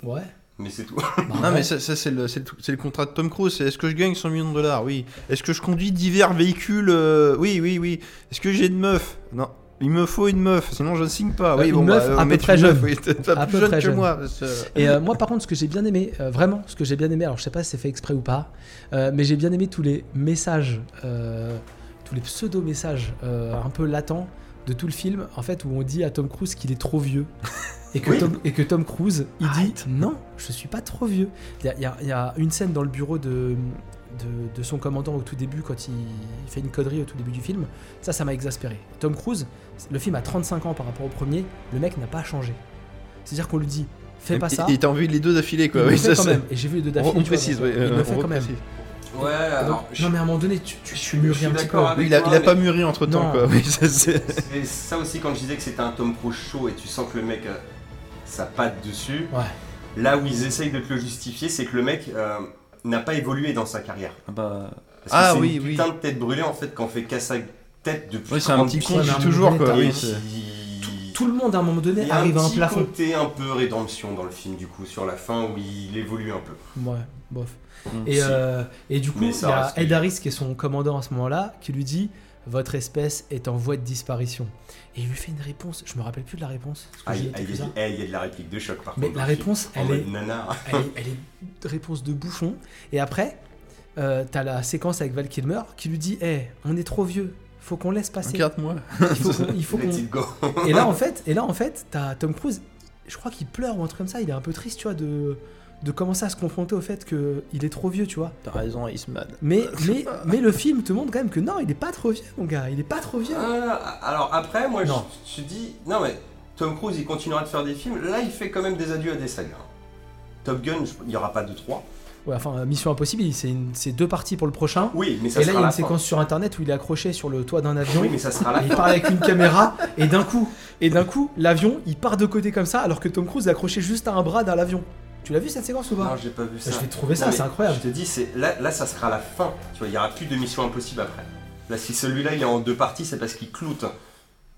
Speaker 2: Ouais.
Speaker 1: Mais c'est tout.
Speaker 2: Bah,
Speaker 3: Non,
Speaker 2: ouais.
Speaker 3: mais ça, ça, c'est le, c'est le- c'est le contrat de Tom Cruise. c'est Est-ce que je gagne 100 millions de dollars Oui. Est-ce que je conduis divers véhicules Euh, Oui, oui, oui. Est-ce que j'ai de meufs Non. Il me faut une meuf, sinon je ne signe pas. Oui,
Speaker 2: Euh, une
Speaker 3: bon,
Speaker 2: meuf
Speaker 3: bah, euh,
Speaker 2: à peu
Speaker 3: mais
Speaker 2: près
Speaker 3: tu-
Speaker 2: jeune.
Speaker 3: oui, t'es- t'es
Speaker 2: À
Speaker 3: plus
Speaker 2: peu
Speaker 3: jeune
Speaker 2: près
Speaker 3: que
Speaker 2: jeune.
Speaker 3: moi. parce que-
Speaker 2: Et euh, moi, par contre, ce que j'ai bien aimé, euh, vraiment, ce que j'ai bien aimé, alors je sais pas si c'est fait exprès ou pas, euh, mais j'ai bien aimé tous les messages, euh, tous les pseudo-messages euh, un peu latents de tout le film, en fait, où on dit à Tom Cruise qu'il est trop vieux. Et que,
Speaker 1: Oui.
Speaker 2: Tom, et que Tom Cruise, il
Speaker 3: Arrête.
Speaker 2: dit non, je suis pas trop vieux. Il y a- il y, a- il y a une scène dans le bureau de, de, de son commandant au tout début, quand il, il fait une connerie au tout début du film. Ça, ça m'a exaspéré. Tom Cruise, le film a 35 ans par rapport au premier, le mec n'a pas changé. C'est-à-dire qu'on lui dit, fais
Speaker 3: Et-
Speaker 2: pas ça.
Speaker 3: Et t'as envie de les deux d'affilée,
Speaker 2: Il
Speaker 3: quoi.
Speaker 2: le
Speaker 3: Oui,
Speaker 2: fait
Speaker 3: ça,
Speaker 2: quand
Speaker 3: c'est-
Speaker 2: même. Et j'ai vu les deux
Speaker 3: On,
Speaker 2: d'affilée.
Speaker 3: on
Speaker 2: tu vois,
Speaker 3: précise,
Speaker 2: donc,
Speaker 3: oui.
Speaker 2: Il
Speaker 3: euh,
Speaker 2: le fait
Speaker 3: on
Speaker 2: quand même.
Speaker 3: reprécise.
Speaker 1: Ouais, alors.
Speaker 2: Donc,
Speaker 1: je-
Speaker 2: non, mais à un moment donné, tu, tu, tu
Speaker 1: je
Speaker 2: mûris
Speaker 1: suis
Speaker 2: un petit peu.
Speaker 1: d'accord avec
Speaker 3: Oui, il a,
Speaker 1: toi, euh,
Speaker 3: il a
Speaker 1: mais-
Speaker 3: pas mûri entre temps,
Speaker 2: Non.
Speaker 3: quoi. Oui, ça, c'est-
Speaker 1: C'est ça aussi quand je disais que c'était un Tom Cruise chaud et tu sens que le mec a sa patte dessus.
Speaker 2: Ouais.
Speaker 1: Là où ils essayent de te le justifier, c'est que le mec euh, n'a pas évolué dans sa carrière. Parce que
Speaker 3: Ah
Speaker 1: c'est
Speaker 3: oui,
Speaker 1: une
Speaker 3: oui.
Speaker 1: putain de tête brûlée en fait qu'on fait qu'à sa tête depuis
Speaker 3: Oui, c'est un
Speaker 1: 30
Speaker 3: petit con
Speaker 1: piges.
Speaker 2: mais à un
Speaker 3: depuis
Speaker 2: moment
Speaker 3: toujours,
Speaker 2: donné,
Speaker 3: quoi.
Speaker 2: t'as-
Speaker 3: Oui,
Speaker 1: Et
Speaker 3: c'est-
Speaker 1: il-
Speaker 2: Tout le monde, à un moment
Speaker 1: il
Speaker 2: donné,
Speaker 1: y a un
Speaker 2: arrive à un
Speaker 1: petit
Speaker 2: plafond.
Speaker 1: côté un peu rédemption dans le film du coup sur la fin où il évolue un peu.
Speaker 2: Ouais, bof.
Speaker 3: Mm.
Speaker 2: Et,
Speaker 1: Si.
Speaker 2: euh, et du coup,
Speaker 1: Mais
Speaker 2: il y
Speaker 1: ça
Speaker 2: a
Speaker 1: reste-
Speaker 2: Ed Harris, qui est son commandant à ce moment-là, qui lui dit Votre espèce est en voie de disparition. Et il lui fait une réponse. Je me rappelle plus de la réponse. parce que
Speaker 1: Ah,
Speaker 2: j'ai
Speaker 1: il
Speaker 2: été
Speaker 1: ah, il y,
Speaker 2: plus
Speaker 1: a-
Speaker 2: tard.
Speaker 1: eh, il y a de la réplique de choc par
Speaker 2: Mais
Speaker 1: contre.
Speaker 2: la réponse,
Speaker 1: en
Speaker 2: elle est,
Speaker 1: mode nanar.
Speaker 2: elle, est, elle est réponse de bouffon. Et après, euh, t'as la séquence avec Val Kilmer qui lui dit Hey, on est trop vieux, faut qu'on laisse passer.
Speaker 3: Regarde-moi.
Speaker 2: Il faut qu'on- il faut
Speaker 1: Let
Speaker 2: qu'on-
Speaker 1: it go.
Speaker 2: Et là, en fait, et là, en fait, t'as Tom Cruise, je crois qu'il pleure ou un truc comme ça, il est un peu triste, tu vois, de, de commencer à se confronter au fait qu'il est trop vieux, tu vois.
Speaker 3: T'as raison, Eastman.
Speaker 2: Mais, mais, mais le film te montre quand même que non, il est pas trop vieux, mon gars, il est pas trop vieux.
Speaker 1: Ah, alors après, moi
Speaker 2: Non.
Speaker 1: je je dis, non mais Tom Cruise il continuera de faire des films, là il fait quand même des adieux à des sagas. Top Gun, je- il n'y aura pas de 3.
Speaker 2: Ouais, enfin, euh, Mission Impossible, il- c'est une- c'est deux parties pour le prochain.
Speaker 1: Oui, mais ça
Speaker 2: Et là, il
Speaker 1: sera
Speaker 2: y a
Speaker 1: la
Speaker 2: une
Speaker 1: fin.
Speaker 2: séquence sur internet où il est accroché sur le toit d'un avion.
Speaker 1: Oui, mais ça sera la
Speaker 2: Il
Speaker 1: fin.
Speaker 2: parle avec une caméra et d'un coup, et d'un coup, l'avion, il part de côté comme ça, alors que Tom Cruise est accroché juste à un bras d'un avion. Tu l'as vu cette séquence ou
Speaker 1: Non,
Speaker 2: pas
Speaker 1: j'ai pas vu ça.
Speaker 2: Je vais trouver
Speaker 1: Non,
Speaker 2: ça,
Speaker 1: mais
Speaker 2: c'est incroyable.
Speaker 1: Je te dis, c'est là, là ça sera la fin. Tu vois, il n'y aura plus de Mission Impossible après. Là, si celui-là il est en deux parties, c'est parce qu'il cloute.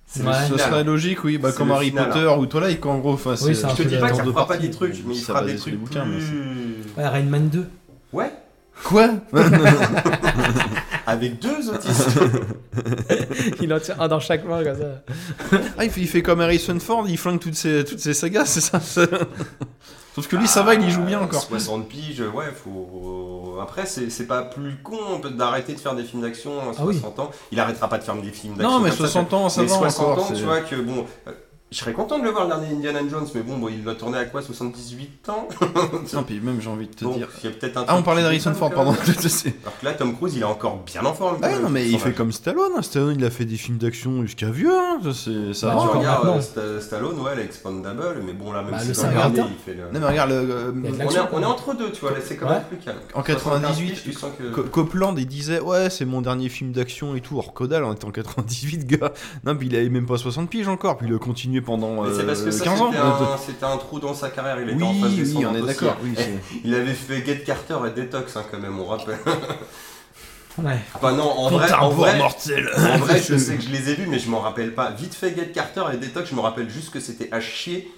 Speaker 1: C'est
Speaker 2: Ouais.
Speaker 1: le
Speaker 3: Ça
Speaker 1: final.
Speaker 3: serait logique, oui, bah,
Speaker 1: C'est
Speaker 3: comme
Speaker 1: le
Speaker 3: Harry
Speaker 1: final,
Speaker 3: Potter ou Twilight, en gros. enfin, c'est-
Speaker 2: ça-
Speaker 1: Je te dis pas que ça
Speaker 3: Dans deux
Speaker 1: fera pas
Speaker 3: parties,
Speaker 1: des trucs, mais il
Speaker 3: ça
Speaker 1: fera
Speaker 3: va
Speaker 1: des
Speaker 3: des- des
Speaker 1: trucs
Speaker 3: bouquins, mais
Speaker 1: plus...
Speaker 2: Ouais, Rain Man 2.
Speaker 1: Ouais,
Speaker 3: Quoi
Speaker 1: avec deux autistes.
Speaker 2: Il en tient un dans chaque main comme ça.
Speaker 3: Ah, il fait, il fait comme Harrison Ford, il flingue toutes ses, toutes ses sagas, c'est ça c'est- Sauf que lui, ça va, il y joue bien
Speaker 1: Ah,
Speaker 3: encore.
Speaker 1: 60 piges, ouais, faut. Après, c'est c'est pas plus con on peut- d'arrêter de faire des films d'action à
Speaker 2: Ah oui.
Speaker 1: 60 ans. Il arrêtera pas de faire des films d'action.
Speaker 3: Non, mais
Speaker 1: comme ça,
Speaker 3: 60 ans,
Speaker 1: mais-
Speaker 3: ça
Speaker 1: mais
Speaker 3: va
Speaker 1: 60
Speaker 3: encore.
Speaker 1: ans,
Speaker 3: c'est-
Speaker 1: tu vois, que bon. euh, Je serais content de le voir, le dernier Indiana Jones, mais bon, bon il l'a tourné à quoi 78 ans
Speaker 3: Non, puis même, j'ai envie de te
Speaker 1: Bon,
Speaker 3: dire.
Speaker 1: il y a peut-être un
Speaker 3: Ah, on
Speaker 1: truc
Speaker 3: parlait
Speaker 1: qui
Speaker 3: d'Harrison
Speaker 1: déconne,
Speaker 3: Ford,
Speaker 1: quand
Speaker 3: pardon.
Speaker 1: même. Alors que là, Tom Cruise, il est encore bien en forme. quand
Speaker 3: Ah oui,
Speaker 1: même,
Speaker 3: non, mais il
Speaker 1: son
Speaker 3: fait
Speaker 1: âge.
Speaker 3: comme Stallone. hein. Stallone, il a fait des films d'action jusqu'à vieux. hein. Ça, c'est- ça
Speaker 2: Bah,
Speaker 3: va,
Speaker 2: tu
Speaker 3: hein.
Speaker 1: Tu
Speaker 2: vois.
Speaker 1: regardes
Speaker 2: maintenant.
Speaker 1: euh, Sta- Stallone, ouais, l'Expandable, mais bon, là, même
Speaker 2: Bah,
Speaker 1: si
Speaker 2: le
Speaker 1: dans dernier,
Speaker 2: Saint-Martin.
Speaker 1: il fait le.
Speaker 3: Non, mais regarde, le- euh,
Speaker 2: Il y a de
Speaker 1: on, est,
Speaker 2: l'action,
Speaker 1: on est
Speaker 2: quoi.
Speaker 1: entre deux, tu vois, là, c'est quand
Speaker 2: Ouais.
Speaker 1: même plus calme.
Speaker 3: en 98,
Speaker 1: 78, tu sens que.
Speaker 3: Co- Copland, il disait ouais c'est mon dernier film d'action et tout, or Codal en étant 98 gars, non puis il avait même pas 60 piges encore, puis il a continué pendant
Speaker 1: Mais c'est
Speaker 3: euh,
Speaker 1: parce que ça,
Speaker 3: 15 ans. Euh,
Speaker 1: c'était un, c'était un trou dans sa carrière. Il
Speaker 3: Oui,
Speaker 1: était en phase
Speaker 3: oui, on
Speaker 1: descendante
Speaker 3: est
Speaker 1: aussi.
Speaker 3: d'accord. Eh, Oui, c'est-
Speaker 1: Il avait fait Get Carter et Detox, hein, quand même, on rappelle.
Speaker 2: Ouais.
Speaker 1: Enfin, non, en
Speaker 3: Ton
Speaker 1: vrai, en
Speaker 3: arbre
Speaker 1: vrai,
Speaker 3: mortel.
Speaker 1: en vrai, je sais que je les ai vus, mais je m'en rappelle pas. Vite fait Get Carter et Detox, je me rappelle juste que c'était à chier.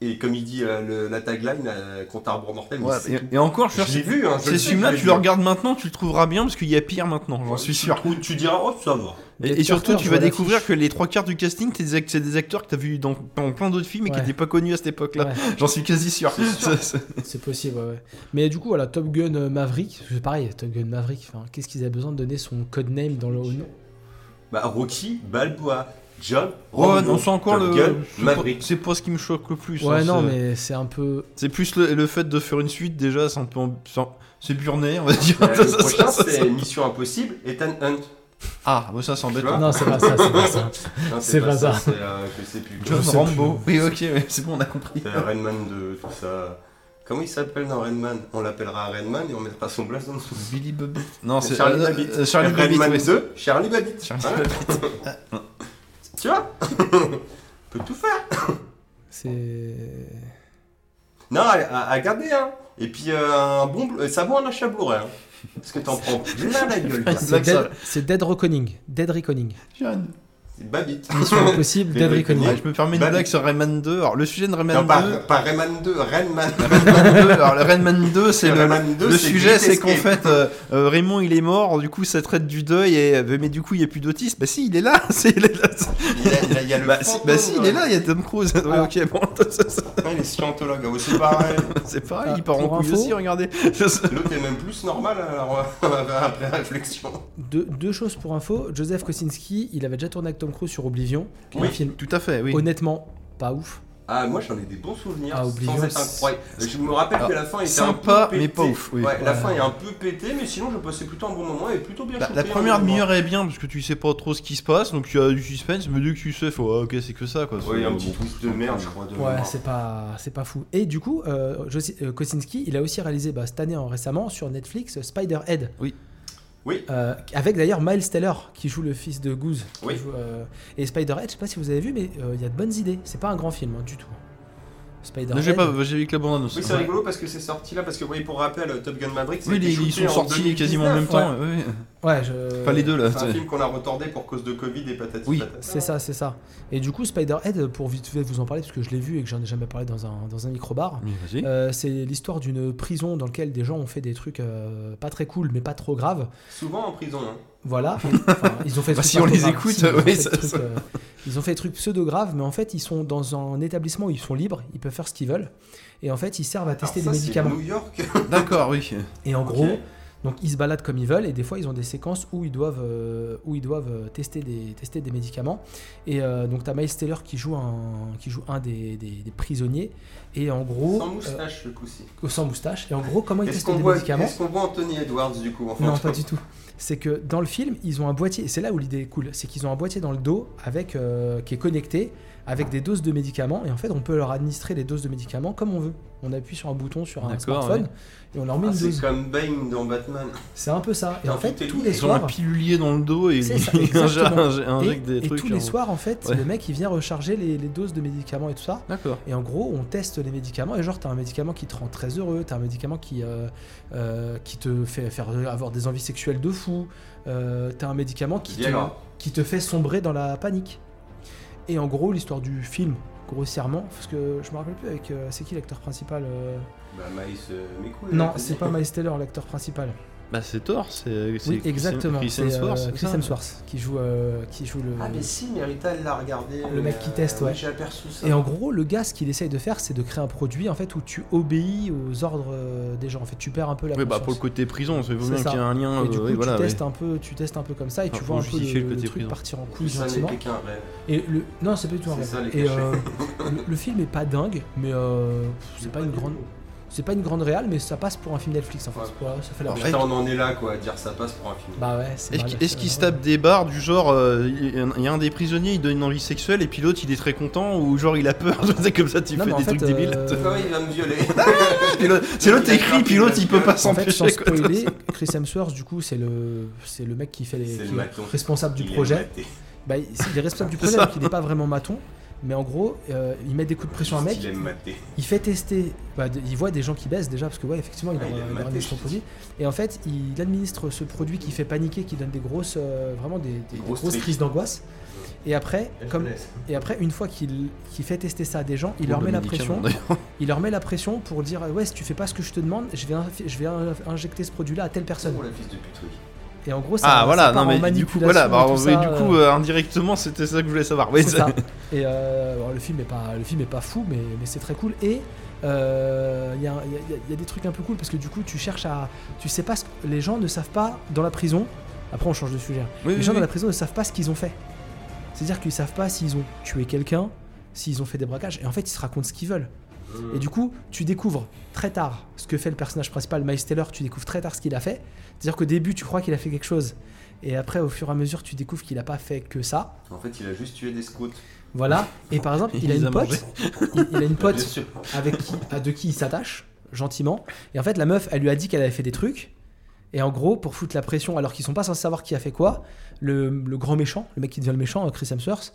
Speaker 1: Et comme il dit euh, le- la tagline, euh, contre arbre mortel, mais
Speaker 3: Ouais,
Speaker 1: c'est tout.
Speaker 3: et, et encore, je
Speaker 1: Je l'ai
Speaker 3: suis
Speaker 1: vu, hein, je
Speaker 3: c'est
Speaker 1: le
Speaker 3: ce
Speaker 1: sais,
Speaker 3: film-là,
Speaker 1: je l'ai
Speaker 3: tu le
Speaker 1: vu.
Speaker 3: regardes maintenant, tu le trouveras bien parce qu'il y a pire maintenant, j'en suis sûr.
Speaker 1: Ou tu diras, oh, ça va.
Speaker 3: Et, et
Speaker 2: Get
Speaker 3: surtout,
Speaker 2: Carter,
Speaker 3: tu
Speaker 2: je
Speaker 3: vas
Speaker 2: vois
Speaker 3: découvrir
Speaker 2: l'affiche.
Speaker 3: que les trois quarts du casting, t'es des act- c'est des acteurs que t'as vu dans, dans plein d'autres films et qui
Speaker 2: Ouais.
Speaker 3: n'étaient pas connus à cette époque-là.
Speaker 2: Ouais.
Speaker 3: J'en suis quasi sûr. Ça, ça-
Speaker 2: C'est possible, ouais, ouais. Mais du coup, voilà, Top Gun euh, Maverick, c'est pareil, Top Gun Maverick, enfin, qu'est-ce qu'ils avaient besoin de donner son codename dans le
Speaker 1: Bah, Rocky, Balboa, John,
Speaker 3: Ouais,
Speaker 1: Rambo,
Speaker 3: on sent encore
Speaker 1: Top
Speaker 3: le.
Speaker 1: Gun,
Speaker 3: c'est pas-
Speaker 1: Maverick.
Speaker 3: C'est pas ce qui me choque le plus.
Speaker 2: Ouais,
Speaker 3: hein,
Speaker 2: non,
Speaker 3: c'est-
Speaker 2: mais c'est un peu.
Speaker 3: C'est plus le, le fait de faire une suite déjà, c'est un peu. en- c'est un- C'est burné, on va dire.
Speaker 1: Euh,
Speaker 3: Ça,
Speaker 1: Le
Speaker 3: ça,
Speaker 1: prochain,
Speaker 3: ça, ça.
Speaker 1: c'est Mission Impossible, Ethan Hunt.
Speaker 3: Ah, bon, ça c'est
Speaker 1: Tu vois
Speaker 3: embêtant.
Speaker 2: Non, c'est pas ça, c'est pas ça.
Speaker 1: Non,
Speaker 2: C'est pas ça.
Speaker 1: C'est, euh, je sais plus.
Speaker 3: John
Speaker 2: Je sais
Speaker 3: Rambo.
Speaker 2: plus.
Speaker 3: Oui, ok, mais c'est bon, on a compris.
Speaker 1: C'est Redman 2, tout ça. Comment il s'appelle dans Redman On l'appellera Redman et on mettra son blason dessous.
Speaker 3: Billy Bobbitt. Non, c'est
Speaker 1: Charlie
Speaker 3: euh,
Speaker 1: Babbitt.
Speaker 3: euh, Charlie Babbitt,
Speaker 1: Redman
Speaker 3: oui.
Speaker 1: 2, Charlie Babbitt.
Speaker 3: Charlie
Speaker 1: Voilà. tu vois On peut tout faire.
Speaker 2: C'est.
Speaker 1: Non, à, à- à garder, hein. Et puis, euh, un bon, bl- ça vaut un achat bourré, hein. Parce que t'en prends plein la gueule. gars.
Speaker 2: C'est
Speaker 3: Black
Speaker 2: Dead,
Speaker 3: Sabbath.
Speaker 2: c'est Dead Reckoning. Dead Reckoning.
Speaker 3: John.
Speaker 4: C'est Babbitt.
Speaker 2: Mission Impossible,
Speaker 4: Frédéric
Speaker 2: Dead Reckoning.
Speaker 3: Ah, je me permets une
Speaker 4: Bah,
Speaker 3: blague sur Rayman 2. Alors, le sujet de Rayman
Speaker 4: Non,
Speaker 3: 2.
Speaker 4: pas, pas Rayman 2, Rayman.
Speaker 3: Rayman 2, alors, le Rayman 2, c'est le,
Speaker 4: Rayman 2,
Speaker 3: le sujet,
Speaker 4: Great
Speaker 3: c'est qu'en
Speaker 4: Escape.
Speaker 3: fait, euh, euh, Raymond, il est mort, du coup, ça traite du deuil, et, euh, mais du coup, il n'y a plus d'autisme. Bah, si, il est là, c'est, il est là.
Speaker 4: Il y a- il y a- il y a le
Speaker 3: Bah, si,
Speaker 4: fantôme,
Speaker 3: bah, si, il est
Speaker 4: ouais.
Speaker 3: là, il y a Tom Cruise. Ouais,
Speaker 2: Ah.
Speaker 3: ok, bon,
Speaker 4: Ouais, les scientologues, ah ouais, c'est pareil.
Speaker 3: c'est pareil,
Speaker 2: Ah,
Speaker 3: il part en
Speaker 2: pour
Speaker 3: couille
Speaker 2: info-
Speaker 3: aussi, regardez.
Speaker 4: L'autre est même plus normal alors, après réflexion.
Speaker 2: Deux, deux choses pour info. Joseph Kosinski, il avait déjà tourné avec Tom Cruise sur Oblivion, qui est
Speaker 4: Oui.
Speaker 2: un film
Speaker 3: Tout à fait, oui.
Speaker 2: honnêtement pas ouf.
Speaker 4: Ah, moi j'en ai des bons souvenirs.
Speaker 2: Ah, oublions,
Speaker 4: sans être
Speaker 2: c'est-
Speaker 4: incroyable. Je me rappelle que la fin était un
Speaker 3: sympa,
Speaker 4: peu pétée.
Speaker 3: mais pas ouf, oui.
Speaker 4: Ouais, la
Speaker 2: Ouais.
Speaker 4: fin est un peu pétée, mais sinon je passais plutôt un bon moment et plutôt bien
Speaker 3: La,
Speaker 4: chopé,
Speaker 3: Bah, la
Speaker 4: hein,
Speaker 3: première
Speaker 4: moi.
Speaker 3: demi-heure est bien parce que tu sais pas trop ce qui se passe, donc tu as du suspense, mais dès que tu sais, faut ah, ok, c'est que ça quoi.
Speaker 4: Ouais, il y a un
Speaker 3: Bon,
Speaker 4: petit
Speaker 3: bon,
Speaker 4: twist de merde, je crois. De
Speaker 2: Ouais, c'est pas, c'est pas fou. Et du coup, euh, Josi- euh, Kosinski, il a aussi réalisé bah, cette année en- récemment sur Netflix Spider-Head.
Speaker 3: Oui.
Speaker 4: Oui.
Speaker 2: Euh, avec d'ailleurs Miles Teller qui joue le fils de Goose. qui
Speaker 4: Oui.
Speaker 2: joue, euh, et Spider-Head, je sais pas si vous avez vu, mais euh, il y a de bonnes idées. C'est pas un grand film hein, du tout.
Speaker 3: Non,
Speaker 2: Spider-Head.
Speaker 3: j'ai pas, j'ai vu que la bande annonce.
Speaker 4: Oui, c'est rigolo parce que c'est sorti là, parce que oui, pour rappel, Top Gun Maverick,
Speaker 3: Oui,
Speaker 4: c'était
Speaker 3: les- ils
Speaker 4: shooté
Speaker 3: sont
Speaker 4: en
Speaker 3: sortis
Speaker 4: 2019,
Speaker 3: quasiment en même
Speaker 4: ouais.
Speaker 3: temps. ouais, ouais.
Speaker 2: Ouais, je-
Speaker 3: Enfin, les deux là.
Speaker 4: C'est un
Speaker 3: ouais.
Speaker 4: film qu'on a retardé pour cause de Covid et patati
Speaker 3: Oui.
Speaker 4: patata.
Speaker 2: C'est ça, c'est ça. Et du coup, Spider-Head, pour vite fait vous en parler, parce que je l'ai vu et que j'en ai jamais parlé dans un, dans un micro-bar,
Speaker 3: Mais vas-y.
Speaker 2: euh, c'est l'histoire d'une prison dans laquelle des gens ont fait des trucs euh, pas très cool, mais pas trop graves.
Speaker 4: Souvent en prison. hein.
Speaker 2: Voilà. Et, enfin, ils ont fait des
Speaker 3: Bah,
Speaker 2: trucs
Speaker 3: si on
Speaker 2: pas
Speaker 3: les
Speaker 2: trop graves.
Speaker 3: écoute,
Speaker 2: Si, ils ont
Speaker 3: oui,
Speaker 2: fait des
Speaker 3: ça-
Speaker 2: trucs,
Speaker 3: ça-
Speaker 2: euh, ils ont fait des trucs pseudo-graves, mais en fait, ils sont dans un établissement où ils sont libres, ils peuvent faire ce qu'ils veulent. Et en fait, ils servent à tester
Speaker 4: Alors
Speaker 2: des
Speaker 4: ça, c'est
Speaker 2: médicaments.
Speaker 4: New York.
Speaker 2: Euh,
Speaker 3: D'accord, oui.
Speaker 2: Et en
Speaker 4: Ok.
Speaker 2: gros, donc ils se baladent comme ils veulent et des fois ils ont des séquences où ils doivent, euh, où ils doivent euh, tester, des, tester des médicaments. Et euh, donc t'as Miles Taylor qui joue un, qui joue un des, des- des prisonniers et en gros
Speaker 4: Sans moustache ce coup-ci.
Speaker 2: euh, sans moustache. Et en gros comment ils
Speaker 4: Est-ce
Speaker 2: testent
Speaker 4: qu'on
Speaker 2: des
Speaker 4: voit,
Speaker 2: médicaments
Speaker 4: est-ce qu'on voit Anthony Edwards du coup en fait
Speaker 2: Non pas du tout. C'est que dans le film ils ont un boîtier. et C'est là où l'idée est cool, c'est qu'ils ont un boîtier dans le dos avec euh, qui est connecté avec des doses de médicaments et en fait on peut leur administrer les doses de médicaments comme on veut. On appuie sur un bouton sur un
Speaker 3: D'accord,
Speaker 2: smartphone et on leur met
Speaker 4: Ah,
Speaker 2: une
Speaker 4: c'est
Speaker 2: dose.
Speaker 4: comme Bane dans Batman.
Speaker 2: C'est un peu ça. Et
Speaker 4: Putain,
Speaker 2: en fait
Speaker 4: tout est
Speaker 2: tous
Speaker 4: lié.
Speaker 2: les
Speaker 3: Ils ont un
Speaker 2: soirs
Speaker 3: pilulier dans le dos et
Speaker 2: C'est ça,
Speaker 3: ils injectent-
Speaker 2: exactement. Et,
Speaker 3: injectent des
Speaker 2: et
Speaker 3: trucs.
Speaker 2: tous les
Speaker 3: hein.
Speaker 2: soirs, en fait,
Speaker 3: Ouais.
Speaker 2: le mec il vient recharger les, les doses de médicaments et tout ça.
Speaker 3: D'accord.
Speaker 2: Et en gros, on teste les médicaments. Et genre, t'as un médicament qui te rend très heureux, t'as un médicament qui, euh, euh, qui te fait faire avoir des envies sexuelles de fou, euh, t'as un médicament qui te,
Speaker 4: Viagra.
Speaker 2: qui te fait sombrer dans la panique. Et en gros, l'histoire du film, grossièrement, parce que je me rappelle plus avec. euh, c'est qui l'acteur principal euh
Speaker 4: Bah Maïs euh, mais cool.
Speaker 2: Non,
Speaker 4: là,
Speaker 2: c'est pas Miles Taylor l'acteur principal.
Speaker 3: Bah, c'est tort, c'est. c'est
Speaker 2: Oui,
Speaker 3: Chris-
Speaker 2: exactement.
Speaker 3: Chris
Speaker 2: c'est, euh,
Speaker 3: Hemsworth, c'est
Speaker 2: Chris
Speaker 3: ça
Speaker 2: Hemsworth qui joue, euh, qui joue le.
Speaker 4: Ah mais si, mais Rita elle l'a regardé.
Speaker 2: Le mec qui
Speaker 1: euh,
Speaker 2: teste, ouais.
Speaker 4: oui, J'ai aperçu ça.
Speaker 2: Et en gros, le gars, ce qu'il essaye de faire, c'est de créer un produit en fait où tu obéis aux ordres euh, des gens. En fait, tu perds un peu la
Speaker 3: Oui, bah, pour
Speaker 2: conscience.
Speaker 3: le côté prison, ça veut
Speaker 2: C'est
Speaker 3: bien
Speaker 2: ça.
Speaker 3: qu'il y a un lien.
Speaker 2: Et du
Speaker 3: euh,
Speaker 2: coup,
Speaker 3: oui,
Speaker 2: tu,
Speaker 3: voilà,
Speaker 2: testes hein,
Speaker 3: oui.
Speaker 2: un peu, tu testes un peu comme ça et
Speaker 3: Enfin,
Speaker 2: tu
Speaker 3: faut
Speaker 2: vois un peu le,
Speaker 3: justifier le
Speaker 2: le
Speaker 3: côté hein.
Speaker 2: truc
Speaker 3: prison.
Speaker 2: partir en couille
Speaker 4: ça
Speaker 2: gentiment.
Speaker 4: n'était qu'un rêve.
Speaker 2: Et le... Non, c'est pas du tout un
Speaker 4: C'est
Speaker 2: rêve.
Speaker 4: ça, les
Speaker 2: Et,
Speaker 4: cachets.
Speaker 2: euh, le, le film est pas dingue, mais euh, pff, c'est pas une grande, c'est pas une grande réale, mais ça passe pour un film Netflix en fait.
Speaker 4: Ouais.
Speaker 2: Voilà, ça fait la
Speaker 4: Putain,
Speaker 2: blague.
Speaker 4: on en est là quoi, à dire ça passe pour un film.
Speaker 2: Bah ouais, c'est
Speaker 3: Est-ce
Speaker 2: mal,
Speaker 3: qu'il est-ce qu'il
Speaker 2: euh,
Speaker 3: se tape des barres du genre, euh, il y a un- il y a un des prisonniers, il donne une envie sexuelle et puis l'autre il est très content ou genre il a peur, c'est comme ça tu
Speaker 2: Non,
Speaker 3: fais
Speaker 2: mais en
Speaker 3: des
Speaker 2: fait,
Speaker 3: trucs débiles.
Speaker 2: euh,
Speaker 4: Pourquoi il va me violer
Speaker 3: Puis l'autre- C'est l'autre
Speaker 4: il a
Speaker 3: écrit, puis l'autre il peut pas
Speaker 2: En fait, sans
Speaker 3: s'empêcher. quoi.
Speaker 2: spoiler, Chris Hemsworth, du coup, c'est le, c'est le mec qui fait les,
Speaker 4: C'est le
Speaker 2: qui est
Speaker 4: maton.
Speaker 2: responsable du
Speaker 4: Il est
Speaker 2: projet.
Speaker 4: maté.
Speaker 2: Bah, il il est responsable du projet, donc il n'est pas vraiment maton. Mais en gros, euh, il met des coups de pression à un mec,
Speaker 4: Il est maté.
Speaker 2: il fait tester, bah, de- il voit des gens qui baissent déjà, parce que ouais, effectivement, il,
Speaker 4: Ah,
Speaker 2: a,
Speaker 4: il est
Speaker 2: il a
Speaker 4: maté,
Speaker 2: ramené son
Speaker 4: je
Speaker 2: produit. Et en fait, il administre ce produit qui fait paniquer, qui donne des grosses, euh, vraiment des, des- des
Speaker 4: Grosses
Speaker 2: grosses,
Speaker 4: crises.
Speaker 2: crises d'angoisse. Et après,
Speaker 4: Elle
Speaker 2: comme,
Speaker 4: te laisse.
Speaker 2: et après, une fois qu'il qu'il fait tester ça à des gens, il leur
Speaker 3: Ou
Speaker 2: met la
Speaker 3: Dominique
Speaker 2: pression.
Speaker 3: Amand, d'ailleurs.
Speaker 2: Il leur met la pression pour dire ouais, si tu fais pas ce que je te demande, je vais, inf- je vais in- injecter ce produit-là à telle personne.
Speaker 4: Oh la fils de pute, oui.
Speaker 2: Et en gros, ça,
Speaker 3: Ah
Speaker 2: ça
Speaker 3: voilà,
Speaker 2: part
Speaker 3: non
Speaker 2: en
Speaker 3: mais du coup,
Speaker 2: manipulation
Speaker 3: voilà,
Speaker 2: et
Speaker 3: bah,
Speaker 2: tout
Speaker 3: et
Speaker 2: ça,
Speaker 3: du
Speaker 2: euh,
Speaker 3: coup, euh, indirectement c'était ça que je voulais savoir. Oui,
Speaker 2: C'est ça. Et euh, alors, le film est pas, le film est pas fou, mais, mais c'est très cool. Et euh, il y, a- il y a- il y a des trucs un peu cool parce que du coup, tu cherches à, tu sais pas, ce- les gens ne savent pas dans la prison. Après, on change de sujet. hein.
Speaker 3: Oui,
Speaker 2: les
Speaker 3: oui,
Speaker 2: gens dans
Speaker 3: oui.
Speaker 2: la prison ne savent pas ce qu'ils ont fait. C'est-à-dire qu'ils savent pas s'ils ont tué quelqu'un, s'ils ont fait des braquages. Et en fait, ils se racontent ce qu'ils veulent.
Speaker 3: Euh.
Speaker 2: Et du coup, tu découvres très tard ce que fait le personnage principal, Miles Taylor. Tu découvres très tard ce qu'il a fait. C'est-à-dire qu'au début, tu crois qu'il a fait quelque chose. Et après, au fur et à mesure, tu découvres qu'il a pas fait que ça.
Speaker 4: En fait, il a juste tué des scouts.
Speaker 2: Voilà. Et par exemple, il a
Speaker 3: Il les
Speaker 2: une
Speaker 3: a
Speaker 2: pote.
Speaker 3: mangés.
Speaker 2: Il, il a une
Speaker 4: Bien
Speaker 2: pote
Speaker 4: sûr.
Speaker 2: avec qui, à de qui il s'attache gentiment. Et en fait, la meuf, elle lui a dit qu'elle avait fait des trucs. Et en gros, pour foutre la pression, alors qu'ils sont pas censés savoir qui a fait quoi, le, le grand méchant, le mec qui devient le méchant, Chris Hemsworth.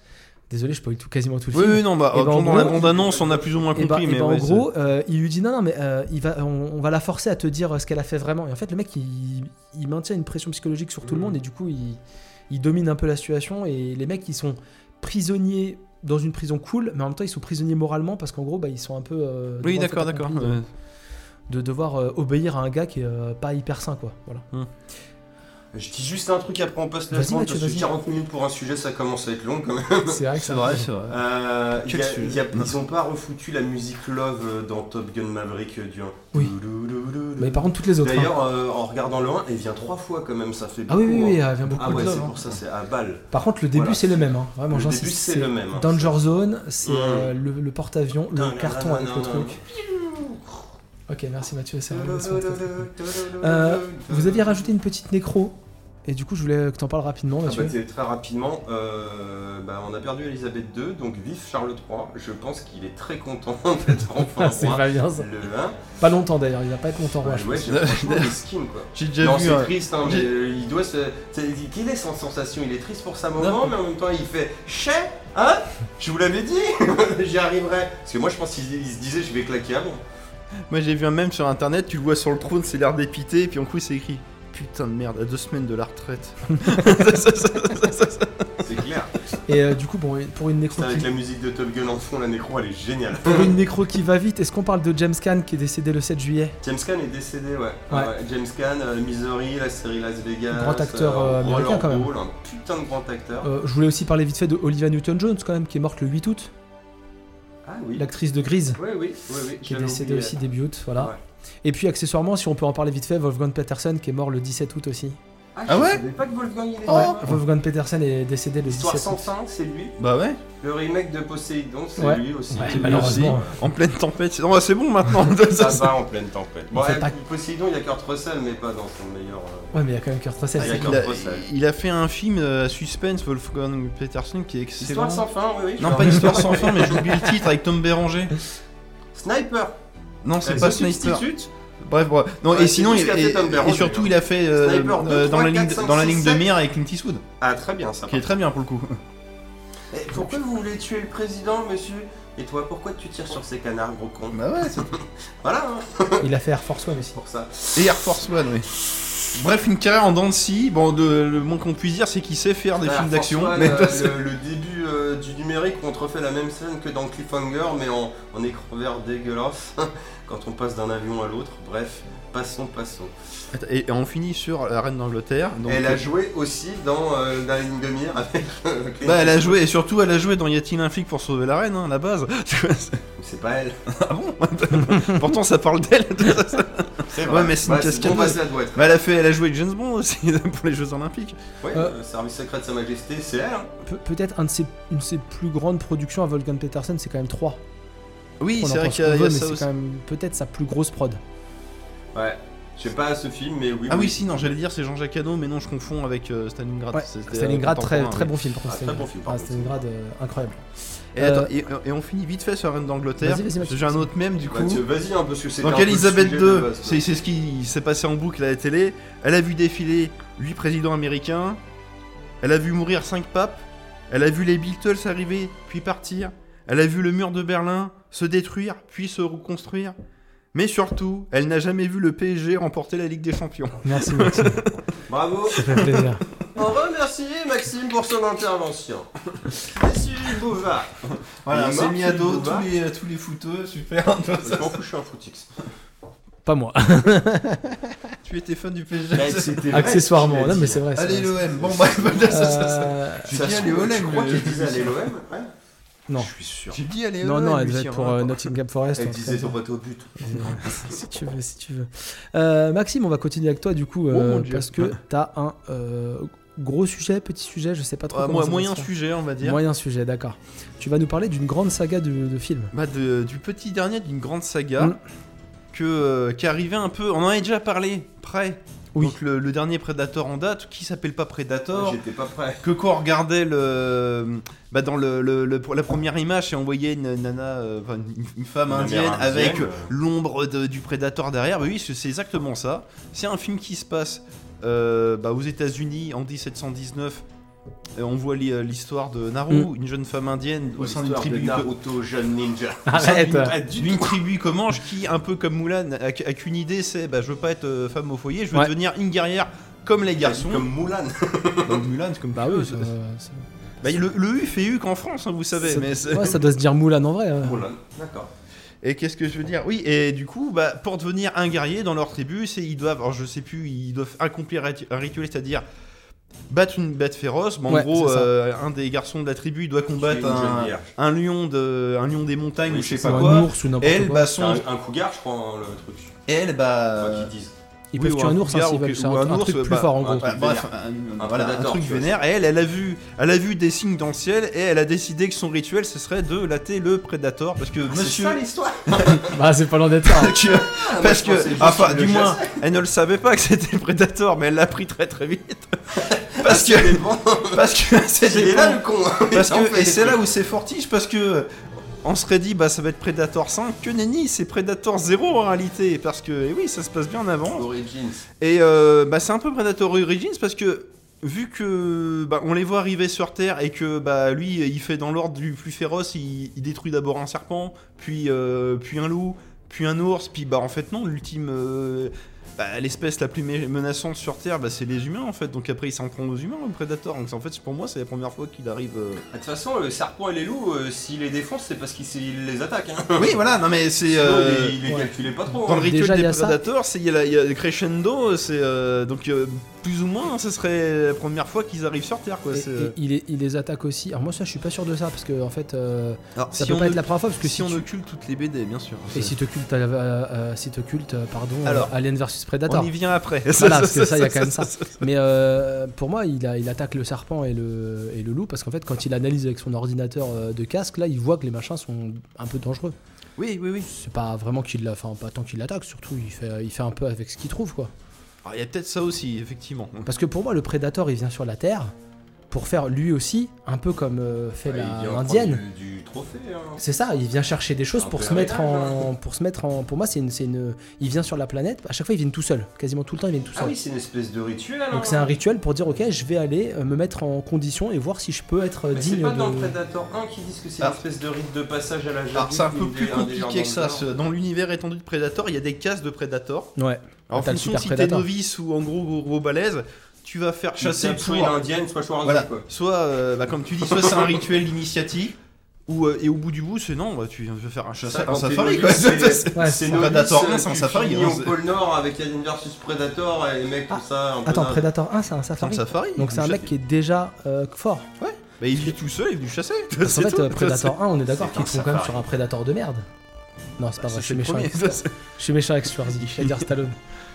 Speaker 2: Désolé, je spoil tout quasiment tout le
Speaker 3: Oui,
Speaker 2: film.
Speaker 3: oui, non, bah,
Speaker 2: Et ben, en
Speaker 3: dans la
Speaker 2: gros,
Speaker 3: bande annonce on a plus ou moins
Speaker 2: Et bah,
Speaker 3: compris,
Speaker 2: et
Speaker 3: mais
Speaker 2: bah, en
Speaker 3: ouais, c'est-
Speaker 2: gros, euh, il lui dit non, non, mais euh, il va, on, on va la forcer à te dire euh, ce qu'elle a fait vraiment. Et en fait, le mec, il, il maintient une pression psychologique sur tout le monde et du coup, il, ils dominent un peu la situation et les mecs ils sont prisonniers dans une prison cool, mais en même temps ils sont prisonniers moralement parce qu'en gros bah, ils sont un peu. euh,
Speaker 3: Oui,
Speaker 2: devant le fait
Speaker 3: d'accord, d'accord.
Speaker 2: accompli de-
Speaker 3: ouais.
Speaker 2: de devoir euh, obéir à un gars qui est euh, pas hyper sain quoi. Voilà.
Speaker 1: Je dis juste un truc après on passe la
Speaker 2: Vas-y,
Speaker 1: seconde,
Speaker 2: Mathieu,
Speaker 1: parce que
Speaker 2: vas-y.
Speaker 1: 40 minutes pour un sujet ça commence à être long quand même.
Speaker 2: C'est vrai que
Speaker 3: C'est vrai, c'est vrai.
Speaker 1: Euh,
Speaker 3: Quel
Speaker 1: y a-
Speaker 3: sujet
Speaker 1: y a- ils ont pas refoutu la musique Love euh, dans Top Gun Maverick euh, du 1.
Speaker 2: Oui. Mais par contre toutes les autres. hein.
Speaker 1: D'ailleurs, euh, en regardant le 1, elle vient trois fois quand même, ça fait
Speaker 2: Ah oui oui
Speaker 1: beaucoup,
Speaker 2: oui,
Speaker 1: hein.
Speaker 2: elle vient beaucoup
Speaker 1: Ah
Speaker 2: de
Speaker 1: ouais,
Speaker 2: love,
Speaker 1: c'est
Speaker 2: hein.
Speaker 1: pour ça, c'est à balle.
Speaker 2: Par contre le début
Speaker 1: Voilà.
Speaker 2: c'est le même. hein. Vraiment
Speaker 1: Le
Speaker 2: j'insiste.
Speaker 1: début, c'est le même, hein.
Speaker 2: Danger Zone, c'est
Speaker 1: Mm.
Speaker 2: euh, le, le porte-avions, le
Speaker 1: Dun,
Speaker 2: carton
Speaker 1: dun,
Speaker 2: avec
Speaker 1: dun,
Speaker 2: le
Speaker 1: dun,
Speaker 2: truc. Ok merci Mathieu. c'est vraiment- c'est vraiment- Euh, vous aviez rajouté une petite nécro et du coup je voulais que t'en parles rapidement
Speaker 1: Ah bah,
Speaker 2: Mathieu.
Speaker 1: t'es- très rapidement, euh, bah, on a perdu Elisabeth II, donc vive Charles III. Je pense qu'il est très content d'être enfin
Speaker 2: Ah, c'est
Speaker 1: roi.
Speaker 2: pas bien ça.
Speaker 1: Le 1,
Speaker 2: Pas longtemps d'ailleurs, il va pas être longtemps roi.
Speaker 1: ouais,
Speaker 2: je
Speaker 1: ouais,
Speaker 2: pense.
Speaker 1: j'ai franchement des skins quoi.
Speaker 3: J'ai déjà
Speaker 1: non,
Speaker 3: vu.
Speaker 1: c'est
Speaker 3: un-
Speaker 1: triste, hein, mais
Speaker 3: j'ai-
Speaker 1: euh, il doit se. c'est- Quelle est son sensation Il est triste pour sa maman,
Speaker 3: Non.
Speaker 1: mais en même temps il fait Chais Hein Je vous l'avais dit J'y arriverai Parce que moi je pense qu'il il se disait je vais claquer avant.
Speaker 3: Moi j'ai vu un même sur internet, tu le vois sur le trône, c'est l'air dépité, et puis en coup c'est écrit Putain de merde, à deux semaines de la retraite.
Speaker 1: C'est clair.
Speaker 2: Et euh, du coup bon et pour une nécro
Speaker 1: Putain,
Speaker 2: qui-
Speaker 1: avec la musique de Top Gun en fond, la nécro elle est géniale.
Speaker 2: Pour une nécro qui va vite, est-ce qu'on parle de James Caan qui est décédé le 7 juillet
Speaker 1: James Caan est décédé, ouais.
Speaker 2: Ouais.
Speaker 1: James Caan, euh, Misery, la série Las Vegas.
Speaker 2: Grand acteur, euh, américain,
Speaker 1: Roller
Speaker 2: quand même.
Speaker 1: Ball, un putain de grand acteur.
Speaker 2: Euh, Je voulais aussi parler vite fait de Olivia Newton-Jones quand même, qui est morte le 8 août,
Speaker 1: Ah oui.
Speaker 2: l'actrice de Grise,
Speaker 1: Oui, oui, oui, oui.
Speaker 2: qui est
Speaker 1: j'avais
Speaker 2: décédée
Speaker 1: oublié.
Speaker 2: aussi début août, voilà.
Speaker 1: euh, Ouais.
Speaker 2: Et puis accessoirement, si on peut en parler vite fait, Wolfgang Petersen qui est mort le 17 août aussi.
Speaker 1: Ah,
Speaker 3: Ah
Speaker 1: je
Speaker 3: ouais
Speaker 1: savais pas que Wolfgang il était
Speaker 2: Ouais,
Speaker 1: mort.
Speaker 2: Wolfgang Petersen est décédé le
Speaker 1: Histoire
Speaker 2: 17
Speaker 1: sans
Speaker 2: août.
Speaker 1: fin, c'est lui.
Speaker 3: Bah ouais,
Speaker 1: Le remake de Poséidon, c'est
Speaker 2: Ouais.
Speaker 1: lui aussi.
Speaker 2: Ouais,
Speaker 1: C'est lui
Speaker 2: malheureusement.
Speaker 1: aussi.
Speaker 3: en pleine tempête. Non, bah, c'est bon maintenant.
Speaker 1: Ça va en pleine tempête. Bon,
Speaker 2: On fait
Speaker 1: eh,
Speaker 2: pas-
Speaker 1: Poséidon, il y a Kurt Russell, mais pas dans son meilleur. euh,
Speaker 2: Ouais, mais il y a quand même Kurt Russell.
Speaker 1: Ah, il y a
Speaker 2: c'est-
Speaker 1: Kurt-
Speaker 3: il, a, il a fait un film euh, à suspense, Wolfgang Petersen, qui est excellent.
Speaker 1: Histoire sans fin, oui, oui. je
Speaker 3: Non,
Speaker 1: me
Speaker 3: pas
Speaker 1: rappelle.
Speaker 3: Histoire sans fin, mais j'oublie le titre avec Tom Béranger.
Speaker 1: Sniper
Speaker 3: Non,
Speaker 1: Euh,
Speaker 3: c'est pas
Speaker 1: The
Speaker 3: Sniper.
Speaker 1: Substitute
Speaker 3: Bref, bref. Non,
Speaker 1: Ouais,
Speaker 3: et
Speaker 1: c'est
Speaker 3: sinon,
Speaker 1: tout ce
Speaker 3: il-
Speaker 1: qu'a
Speaker 3: et,
Speaker 1: fait Tom
Speaker 3: et
Speaker 1: Béranger,
Speaker 3: surtout,
Speaker 1: hein.
Speaker 3: il a fait euh,
Speaker 1: Sniper, deux,
Speaker 3: euh, dans,
Speaker 1: trois,
Speaker 3: la ligne,
Speaker 1: quatre, cinq,
Speaker 3: dans la
Speaker 1: six,
Speaker 3: ligne de
Speaker 1: sept.
Speaker 3: mer avec Clint Eastwood,
Speaker 1: Ah, très bien, ça.
Speaker 3: qui est très bien pour le coup.
Speaker 1: Eh, Pourquoi vous voulez tuer le président, monsieur Et toi, pourquoi tu tires sur ces canards, gros con
Speaker 3: Bah ouais, c'est-
Speaker 1: Voilà, hein,
Speaker 2: Il a fait Air Force One aussi.
Speaker 1: pour ça.
Speaker 3: Et Air Force One, oui. Bref, une carrière en dents de scie. Bon, le, le moins qu'on puisse dire, c'est qu'il sait faire des
Speaker 1: Air
Speaker 3: films
Speaker 1: Force
Speaker 3: d'action.
Speaker 1: One,
Speaker 3: mais
Speaker 1: euh,
Speaker 3: parce-
Speaker 1: le, le début euh, du numérique, on te refait la même scène que dans Cliffhanger, mais en, en écran vert dégueulasse, quand on passe d'un avion à l'autre. Bref, passons, passons.
Speaker 3: Attends, Et, et on finit sur la reine d'Angleterre. donc- euh,
Speaker 1: elle a joué aussi dans euh, la ligne de mire avec euh, Clint
Speaker 3: Bah, elle a
Speaker 1: Eastwood.
Speaker 3: joué, et surtout, elle a joué dans Y a-t-il un flic pour sauver la reine, hein, à la base
Speaker 1: C'est pas elle.
Speaker 3: Ah bon Pourtant, ça parle d'elle.
Speaker 1: Bah, C'est
Speaker 3: vrai. Ouais, mais c'est une
Speaker 1: On
Speaker 3: cascadeuse.
Speaker 1: passe la doigt.
Speaker 3: Bah, elle a, fait, elle a joué James Bond aussi pour les Jeux Olympiques.
Speaker 1: Ouais,
Speaker 2: Euh.
Speaker 1: euh, service secret de Sa Majesté, c'est elle. hein.
Speaker 2: Pe- Peut-être un de ses- une de ses plus grandes productions à Wolfgang Petersen, c'est quand même 3.
Speaker 3: Oui,
Speaker 2: On en
Speaker 3: c'est vrai
Speaker 2: pense
Speaker 3: qu'il y a,
Speaker 2: qu'on
Speaker 3: il y a
Speaker 2: veut, mais
Speaker 3: ça
Speaker 2: c'est
Speaker 3: aussi.
Speaker 2: quand même peut-être sa plus grosse prod.
Speaker 1: Ouais. Je sais pas ce film, mais oui.
Speaker 3: Ah oui, si, non, j'allais dire c'est Jean-Jacques Hano, mais non, je confonds avec euh, Stalingrad.
Speaker 2: Ouais,
Speaker 3: c'était, euh,
Speaker 2: Stalingrad, très,
Speaker 3: contemporain,
Speaker 2: très
Speaker 3: oui.
Speaker 2: bon film. par contre,
Speaker 1: Ah, très bon film, par
Speaker 2: Ah,
Speaker 1: contre.
Speaker 2: Stalingrad, euh, incroyable.
Speaker 3: Et,
Speaker 2: Euh,
Speaker 3: attends, et, et on finit vite fait sur la reine d'Angleterre.
Speaker 2: Vas-y, vas-y,
Speaker 3: parce que
Speaker 2: Mathieu,
Speaker 3: J'ai un
Speaker 2: vas-y.
Speaker 3: autre même du coup.
Speaker 1: Mathieu, vas-y, hein, parce que c'était. un
Speaker 3: Donc
Speaker 1: peu le
Speaker 3: Elisabeth
Speaker 1: sujet de
Speaker 3: II,
Speaker 1: base, quoi.
Speaker 3: c'est c'est ce qui s'est passé en boucle à la télé. Elle a vu défiler 8 présidents américains. Elle a vu mourir 5 papes. Elle a vu les Beatles arriver, puis partir. Elle a vu le mur de Berlin se détruire, puis se reconstruire. Mais surtout, elle n'a jamais vu le PSG remporter la Ligue des Champions.
Speaker 2: Merci Mathieu,
Speaker 1: Bravo.
Speaker 2: ça fait plaisir.
Speaker 1: On remercie Maxime pour son intervention. Merci Bouvard. Voilà, c'est mis à dos tous
Speaker 3: les, euh, tous les fouteux, super.
Speaker 1: Je m'en fous, je suis un footix.
Speaker 2: Pas moi,
Speaker 3: tu étais fan du PSG.
Speaker 2: accessoirement. Non mais c'est vrai. c'est vrai.
Speaker 3: l'OM, bon bah,
Speaker 2: Euh,
Speaker 3: J'ai
Speaker 1: Ça
Speaker 3: dit
Speaker 1: se
Speaker 3: allez,
Speaker 1: trouve,
Speaker 3: Olem,
Speaker 1: Je crois
Speaker 3: le-
Speaker 1: qu'elle disait aller l'OM. Ouais.
Speaker 2: Non.
Speaker 1: Je suis sûr.
Speaker 3: J'ai dit allez,
Speaker 2: Non,
Speaker 3: Olem,
Speaker 2: non, elle devait
Speaker 3: Lucien,
Speaker 2: être pour
Speaker 3: hein,
Speaker 2: euh,
Speaker 3: quoi.
Speaker 2: Nottingham Forest.
Speaker 1: Elle
Speaker 2: en tout
Speaker 1: disait
Speaker 2: cas.
Speaker 1: ton bateau au but.
Speaker 2: si tu veux, si tu veux. Euh, Maxime, on va continuer avec toi du coup,
Speaker 3: Oh,
Speaker 2: euh,
Speaker 3: mon Dieu.
Speaker 2: parce que t'as un euh, gros sujet, petit sujet, je sais pas trop.
Speaker 3: Ouais,
Speaker 2: comment
Speaker 3: mo-
Speaker 2: ça va
Speaker 3: Bah, moyen
Speaker 2: se faire.
Speaker 3: sujet, on va dire.
Speaker 2: Moyen sujet, d'accord. Tu vas nous parler d'une grande saga de, de films.
Speaker 3: Bah, de- du petit dernier d'une grande saga
Speaker 2: Mm.
Speaker 3: que, euh, qui arrivait un peu. On en avait déjà parlé, près.
Speaker 2: Oui.
Speaker 3: Donc le, le dernier Predator en date, qui s'appelle pas Predator.
Speaker 1: J'étais pas prêt.
Speaker 3: que quand on regardait le, bah, dans le, le- le- la première image et on voyait une nana, euh, enfin, une, une femme
Speaker 1: Une
Speaker 3: indienne
Speaker 1: amérindienne,
Speaker 3: avec
Speaker 1: euh.
Speaker 3: l'ombre de- du Predator derrière, bah oui, c'est c'est exactement ça. C'est un film qui se passe euh, bah, aux États-Unis en 1719. Euh, on voit li- euh, l'histoire de Naru,
Speaker 2: Mm.
Speaker 3: une jeune femme indienne au sein d'une
Speaker 1: L'histoire de
Speaker 3: tribu
Speaker 1: Naruto, jeune ninja.
Speaker 2: Arrête.
Speaker 3: ah, d'une tribu comanche qui, un peu comme Moulin, a, a qu'une idée, c'est bah, je veux pas être euh, femme au foyer, je veux
Speaker 2: Ouais.
Speaker 3: devenir une guerrière comme les
Speaker 1: Il y a
Speaker 3: garçons,
Speaker 1: comme Moulin.
Speaker 3: comme Mulan, c'est comme
Speaker 2: Bah
Speaker 3: tu
Speaker 2: oui,
Speaker 3: veux,
Speaker 2: ça,
Speaker 3: ça- Bah, le, le U fait U qu'en France, hein, vous savez.
Speaker 2: ça-
Speaker 3: mais c'est-
Speaker 2: ouais, ça doit se dire Moulin en vrai. hein. ouais.
Speaker 1: Moulin, d'accord.
Speaker 3: Et qu'est-ce que je veux dire Oui, et du coup, bah, pour devenir un guerrier dans leur tribu, c'est ils doivent, alors je sais plus, ils doivent accomplir un rit- un rituel, c'est-à-dire battre une bête féroce. Bah, en
Speaker 2: Ouais,
Speaker 3: gros,
Speaker 2: c'est ça.
Speaker 3: euh, un des garçons de la tribu il doit combattre
Speaker 1: Tuer une jeune
Speaker 3: Bah, un,
Speaker 1: vierge.
Speaker 3: un lion de, un lion des montagnes
Speaker 1: Oui,
Speaker 3: ou je sais
Speaker 1: c'est
Speaker 2: Ou
Speaker 3: pas
Speaker 1: ça.
Speaker 3: Bah quoi.
Speaker 2: un ours ou n'importe
Speaker 3: Elle,
Speaker 2: quoi.
Speaker 3: bah,
Speaker 1: C'est
Speaker 3: son,
Speaker 1: un, un cougar, je crois, hein, le truc.
Speaker 3: elle, bah,
Speaker 1: Quoi qu'ils disent. Ah,
Speaker 2: Ils
Speaker 3: oui,
Speaker 2: peuvent
Speaker 3: ou
Speaker 2: tuer un ours, hein,
Speaker 3: cougar
Speaker 2: s'ils
Speaker 3: ou
Speaker 2: veulent.
Speaker 3: que-
Speaker 2: C'est
Speaker 3: ou
Speaker 2: un, un
Speaker 3: ours,
Speaker 2: truc
Speaker 3: bah,
Speaker 2: plus fort en gros.
Speaker 3: bah,
Speaker 1: truc
Speaker 3: bref, un,
Speaker 1: Un
Speaker 3: voilà, un
Speaker 1: prédateur,
Speaker 3: truc
Speaker 1: tu vois.
Speaker 3: vénère. Et Elle, elle a vu, elle a vu des signes dans le ciel et elle a décidé que son rituel ce serait de latter le prédateur parce que
Speaker 1: Ah,
Speaker 3: Monsieur,
Speaker 1: C'est ça l'histoire
Speaker 2: Bah, c'est pas l'un d'être un.
Speaker 3: Tu-
Speaker 1: Ah, moi,
Speaker 3: Parce
Speaker 1: je
Speaker 3: que,
Speaker 1: pensais juste
Speaker 3: enfin,
Speaker 1: qu'il
Speaker 3: du
Speaker 1: le
Speaker 3: moins,
Speaker 1: chassait.
Speaker 3: elle ne le savait pas que c'était Predator, mais elle l'a pris très très vite. Parce que, parce que,
Speaker 1: Il
Speaker 3: c'était
Speaker 1: est là le con
Speaker 3: parce
Speaker 1: En
Speaker 3: que,
Speaker 1: fait.
Speaker 3: et c'est là où c'est fortiche, parce que, on serait dit, bah ça va être Predator 5, que nenni, c'est Predator 0 en réalité, parce que, et oui, ça se passe bien en avant.
Speaker 1: Origins.
Speaker 3: Et euh, bah c'est un peu Predator Origins, parce que, vu que, bah, on les voit arriver sur Terre, et que, bah lui, il fait dans l'ordre du plus féroce, il, il détruit d'abord un serpent, puis, euh, puis un loup, puis un ours, puis bah en fait non, l'ultime euh, bah, l'espèce la plus mé- menaçante sur Terre, bah, c'est les humains en fait. Donc après il s'en prend aux humains le prédateur. Donc en fait pour moi c'est la première fois qu'il arrive. euh,
Speaker 1: Bah, De toute façon, le serpent et les loups, euh, s'il les défonce, c'est parce qu'il s'il les attaque. Hein.
Speaker 3: Oui voilà, non mais c'est
Speaker 1: Sinon,
Speaker 3: euh,
Speaker 1: il, il les
Speaker 2: ouais.
Speaker 1: calculait pas trop.
Speaker 3: dans le
Speaker 1: hein.
Speaker 3: rituel
Speaker 2: Déjà, il y
Speaker 3: des
Speaker 2: a ça.
Speaker 3: prédateurs, c'est il y, a la- il y a le crescendo, c'est euh, donc euh, plus ou moins hein, ce serait la première fois qu'ils arrivent sur Terre quoi.
Speaker 2: Et-
Speaker 3: c'est,
Speaker 2: et
Speaker 3: euh,
Speaker 2: il, les- il les attaque aussi. Alors, moi, ça, je suis pas sûr de ça parce que en fait, euh,
Speaker 3: alors,
Speaker 2: ça
Speaker 3: si
Speaker 2: peut
Speaker 3: on
Speaker 2: pas
Speaker 3: ne-
Speaker 2: être la première fois parce que
Speaker 3: si,
Speaker 2: si,
Speaker 3: on
Speaker 2: tu-
Speaker 3: occulte toutes les BD bien sûr.
Speaker 2: Et si tu cultes, euh, euh, si t'occultes, euh, pardon, euh,
Speaker 3: Alors,
Speaker 2: Alien versus Predator.
Speaker 3: on y vient après.
Speaker 2: Voilà, parce que ça, il y a quand même ça. Mais euh, pour moi, il, a- il attaque le serpent et le, et le loup parce qu'en fait, quand il analyse avec son ordinateur euh, de casque, là, il voit que les machins sont un peu dangereux.
Speaker 3: Oui oui oui.
Speaker 2: C'est pas vraiment qu'il l'a, enfin, pas tant qu'il l'attaque, surtout, il fait, il fait un peu avec ce qu'il trouve, quoi.
Speaker 3: Alors, Il y a peut-être ça aussi effectivement.
Speaker 2: Parce que pour moi, le Predator, il vient sur la Terre pour faire lui aussi, un peu comme euh, fait
Speaker 1: Ouais, il
Speaker 2: la-
Speaker 1: vient prendre
Speaker 2: l'Indienne.
Speaker 1: Du, du trophée. hein.
Speaker 2: C'est ça, il vient chercher des choses
Speaker 1: Un
Speaker 2: pour
Speaker 1: peu
Speaker 2: se mettre
Speaker 1: réglage,
Speaker 2: en, pour se mettre en. Pour moi, c'est une, c'est une. Il vient sur la planète. À chaque fois, ils viennent tout seuls. Quasiment tout le temps, ils viennent tout
Speaker 1: Ah
Speaker 2: seuls.
Speaker 1: oui, c'est une espèce de rituel. hein.
Speaker 2: Donc c'est un rituel pour dire, ok, je vais aller euh, me mettre en condition et voir si je peux être euh,
Speaker 1: Mais c'est
Speaker 2: digne
Speaker 1: pas dans
Speaker 2: de.
Speaker 1: Predator 1 qui disent que c'est
Speaker 3: Ah.
Speaker 1: une espèce de rite de passage à la
Speaker 3: Alors
Speaker 1: Jadis
Speaker 3: c'est un
Speaker 1: ou
Speaker 3: peu
Speaker 1: des-
Speaker 3: plus
Speaker 1: Ah, un des genres
Speaker 3: compliqué que ça.
Speaker 1: dans le
Speaker 3: ce- Dans l'univers étendu de Predator, il y a des cases de Predator.
Speaker 2: Ouais.
Speaker 3: Alors, en
Speaker 2: Ah, T'as le
Speaker 3: fonction
Speaker 2: super
Speaker 3: si t'es
Speaker 2: Predator.
Speaker 3: novice ou en gros gros, gros balèze, tu vas faire chasser
Speaker 1: Chasser
Speaker 3: pour.
Speaker 1: soit
Speaker 2: hein.
Speaker 1: une indienne, soit Schwarzenegger,
Speaker 3: Voilà.
Speaker 1: quoi.
Speaker 3: Soit, euh, bah, comme tu dis, soit c'est un rituel d'initiative, ou euh, et au bout du bout, c'est non, bah, tu viens de faire un chasseur
Speaker 1: Ça,
Speaker 3: un
Speaker 1: quand t'es
Speaker 3: safari.
Speaker 1: novice,
Speaker 3: quoi.
Speaker 1: c'est-
Speaker 3: C'est-
Speaker 2: Ouais.
Speaker 1: C'est
Speaker 3: Sans
Speaker 1: nos
Speaker 3: Predator, hein,
Speaker 1: listes,
Speaker 3: sans
Speaker 1: tu
Speaker 3: safari,
Speaker 1: finis
Speaker 3: hein,
Speaker 1: au
Speaker 3: c'est-
Speaker 1: pôle Nord avec Alien vs Predator et les mecs
Speaker 2: Ah.
Speaker 1: comme ça. un peu
Speaker 2: Attends,
Speaker 1: dingue.
Speaker 2: Predator 1, c'est un
Speaker 3: C'est un
Speaker 2: safari.
Speaker 3: safari.
Speaker 2: Donc c'est un mec qui est déjà euh, fort.
Speaker 3: Bah, il vit tout seul, il est venu chasser.
Speaker 2: Parce qu'en
Speaker 3: C'est
Speaker 2: fait,
Speaker 3: tout.
Speaker 2: euh, Predator 1, on est d'accord qu'ils
Speaker 1: c'est un
Speaker 2: sont quand même
Speaker 1: safari.
Speaker 2: sur un Predator de merde. Non, c'est pas
Speaker 3: Bah,
Speaker 2: vrai, je
Speaker 3: c'est
Speaker 2: suis
Speaker 3: le
Speaker 2: méchant. Ah,
Speaker 3: premier.
Speaker 2: avec- Je suis méchant avec Schwarzy, je vais dire Stallone.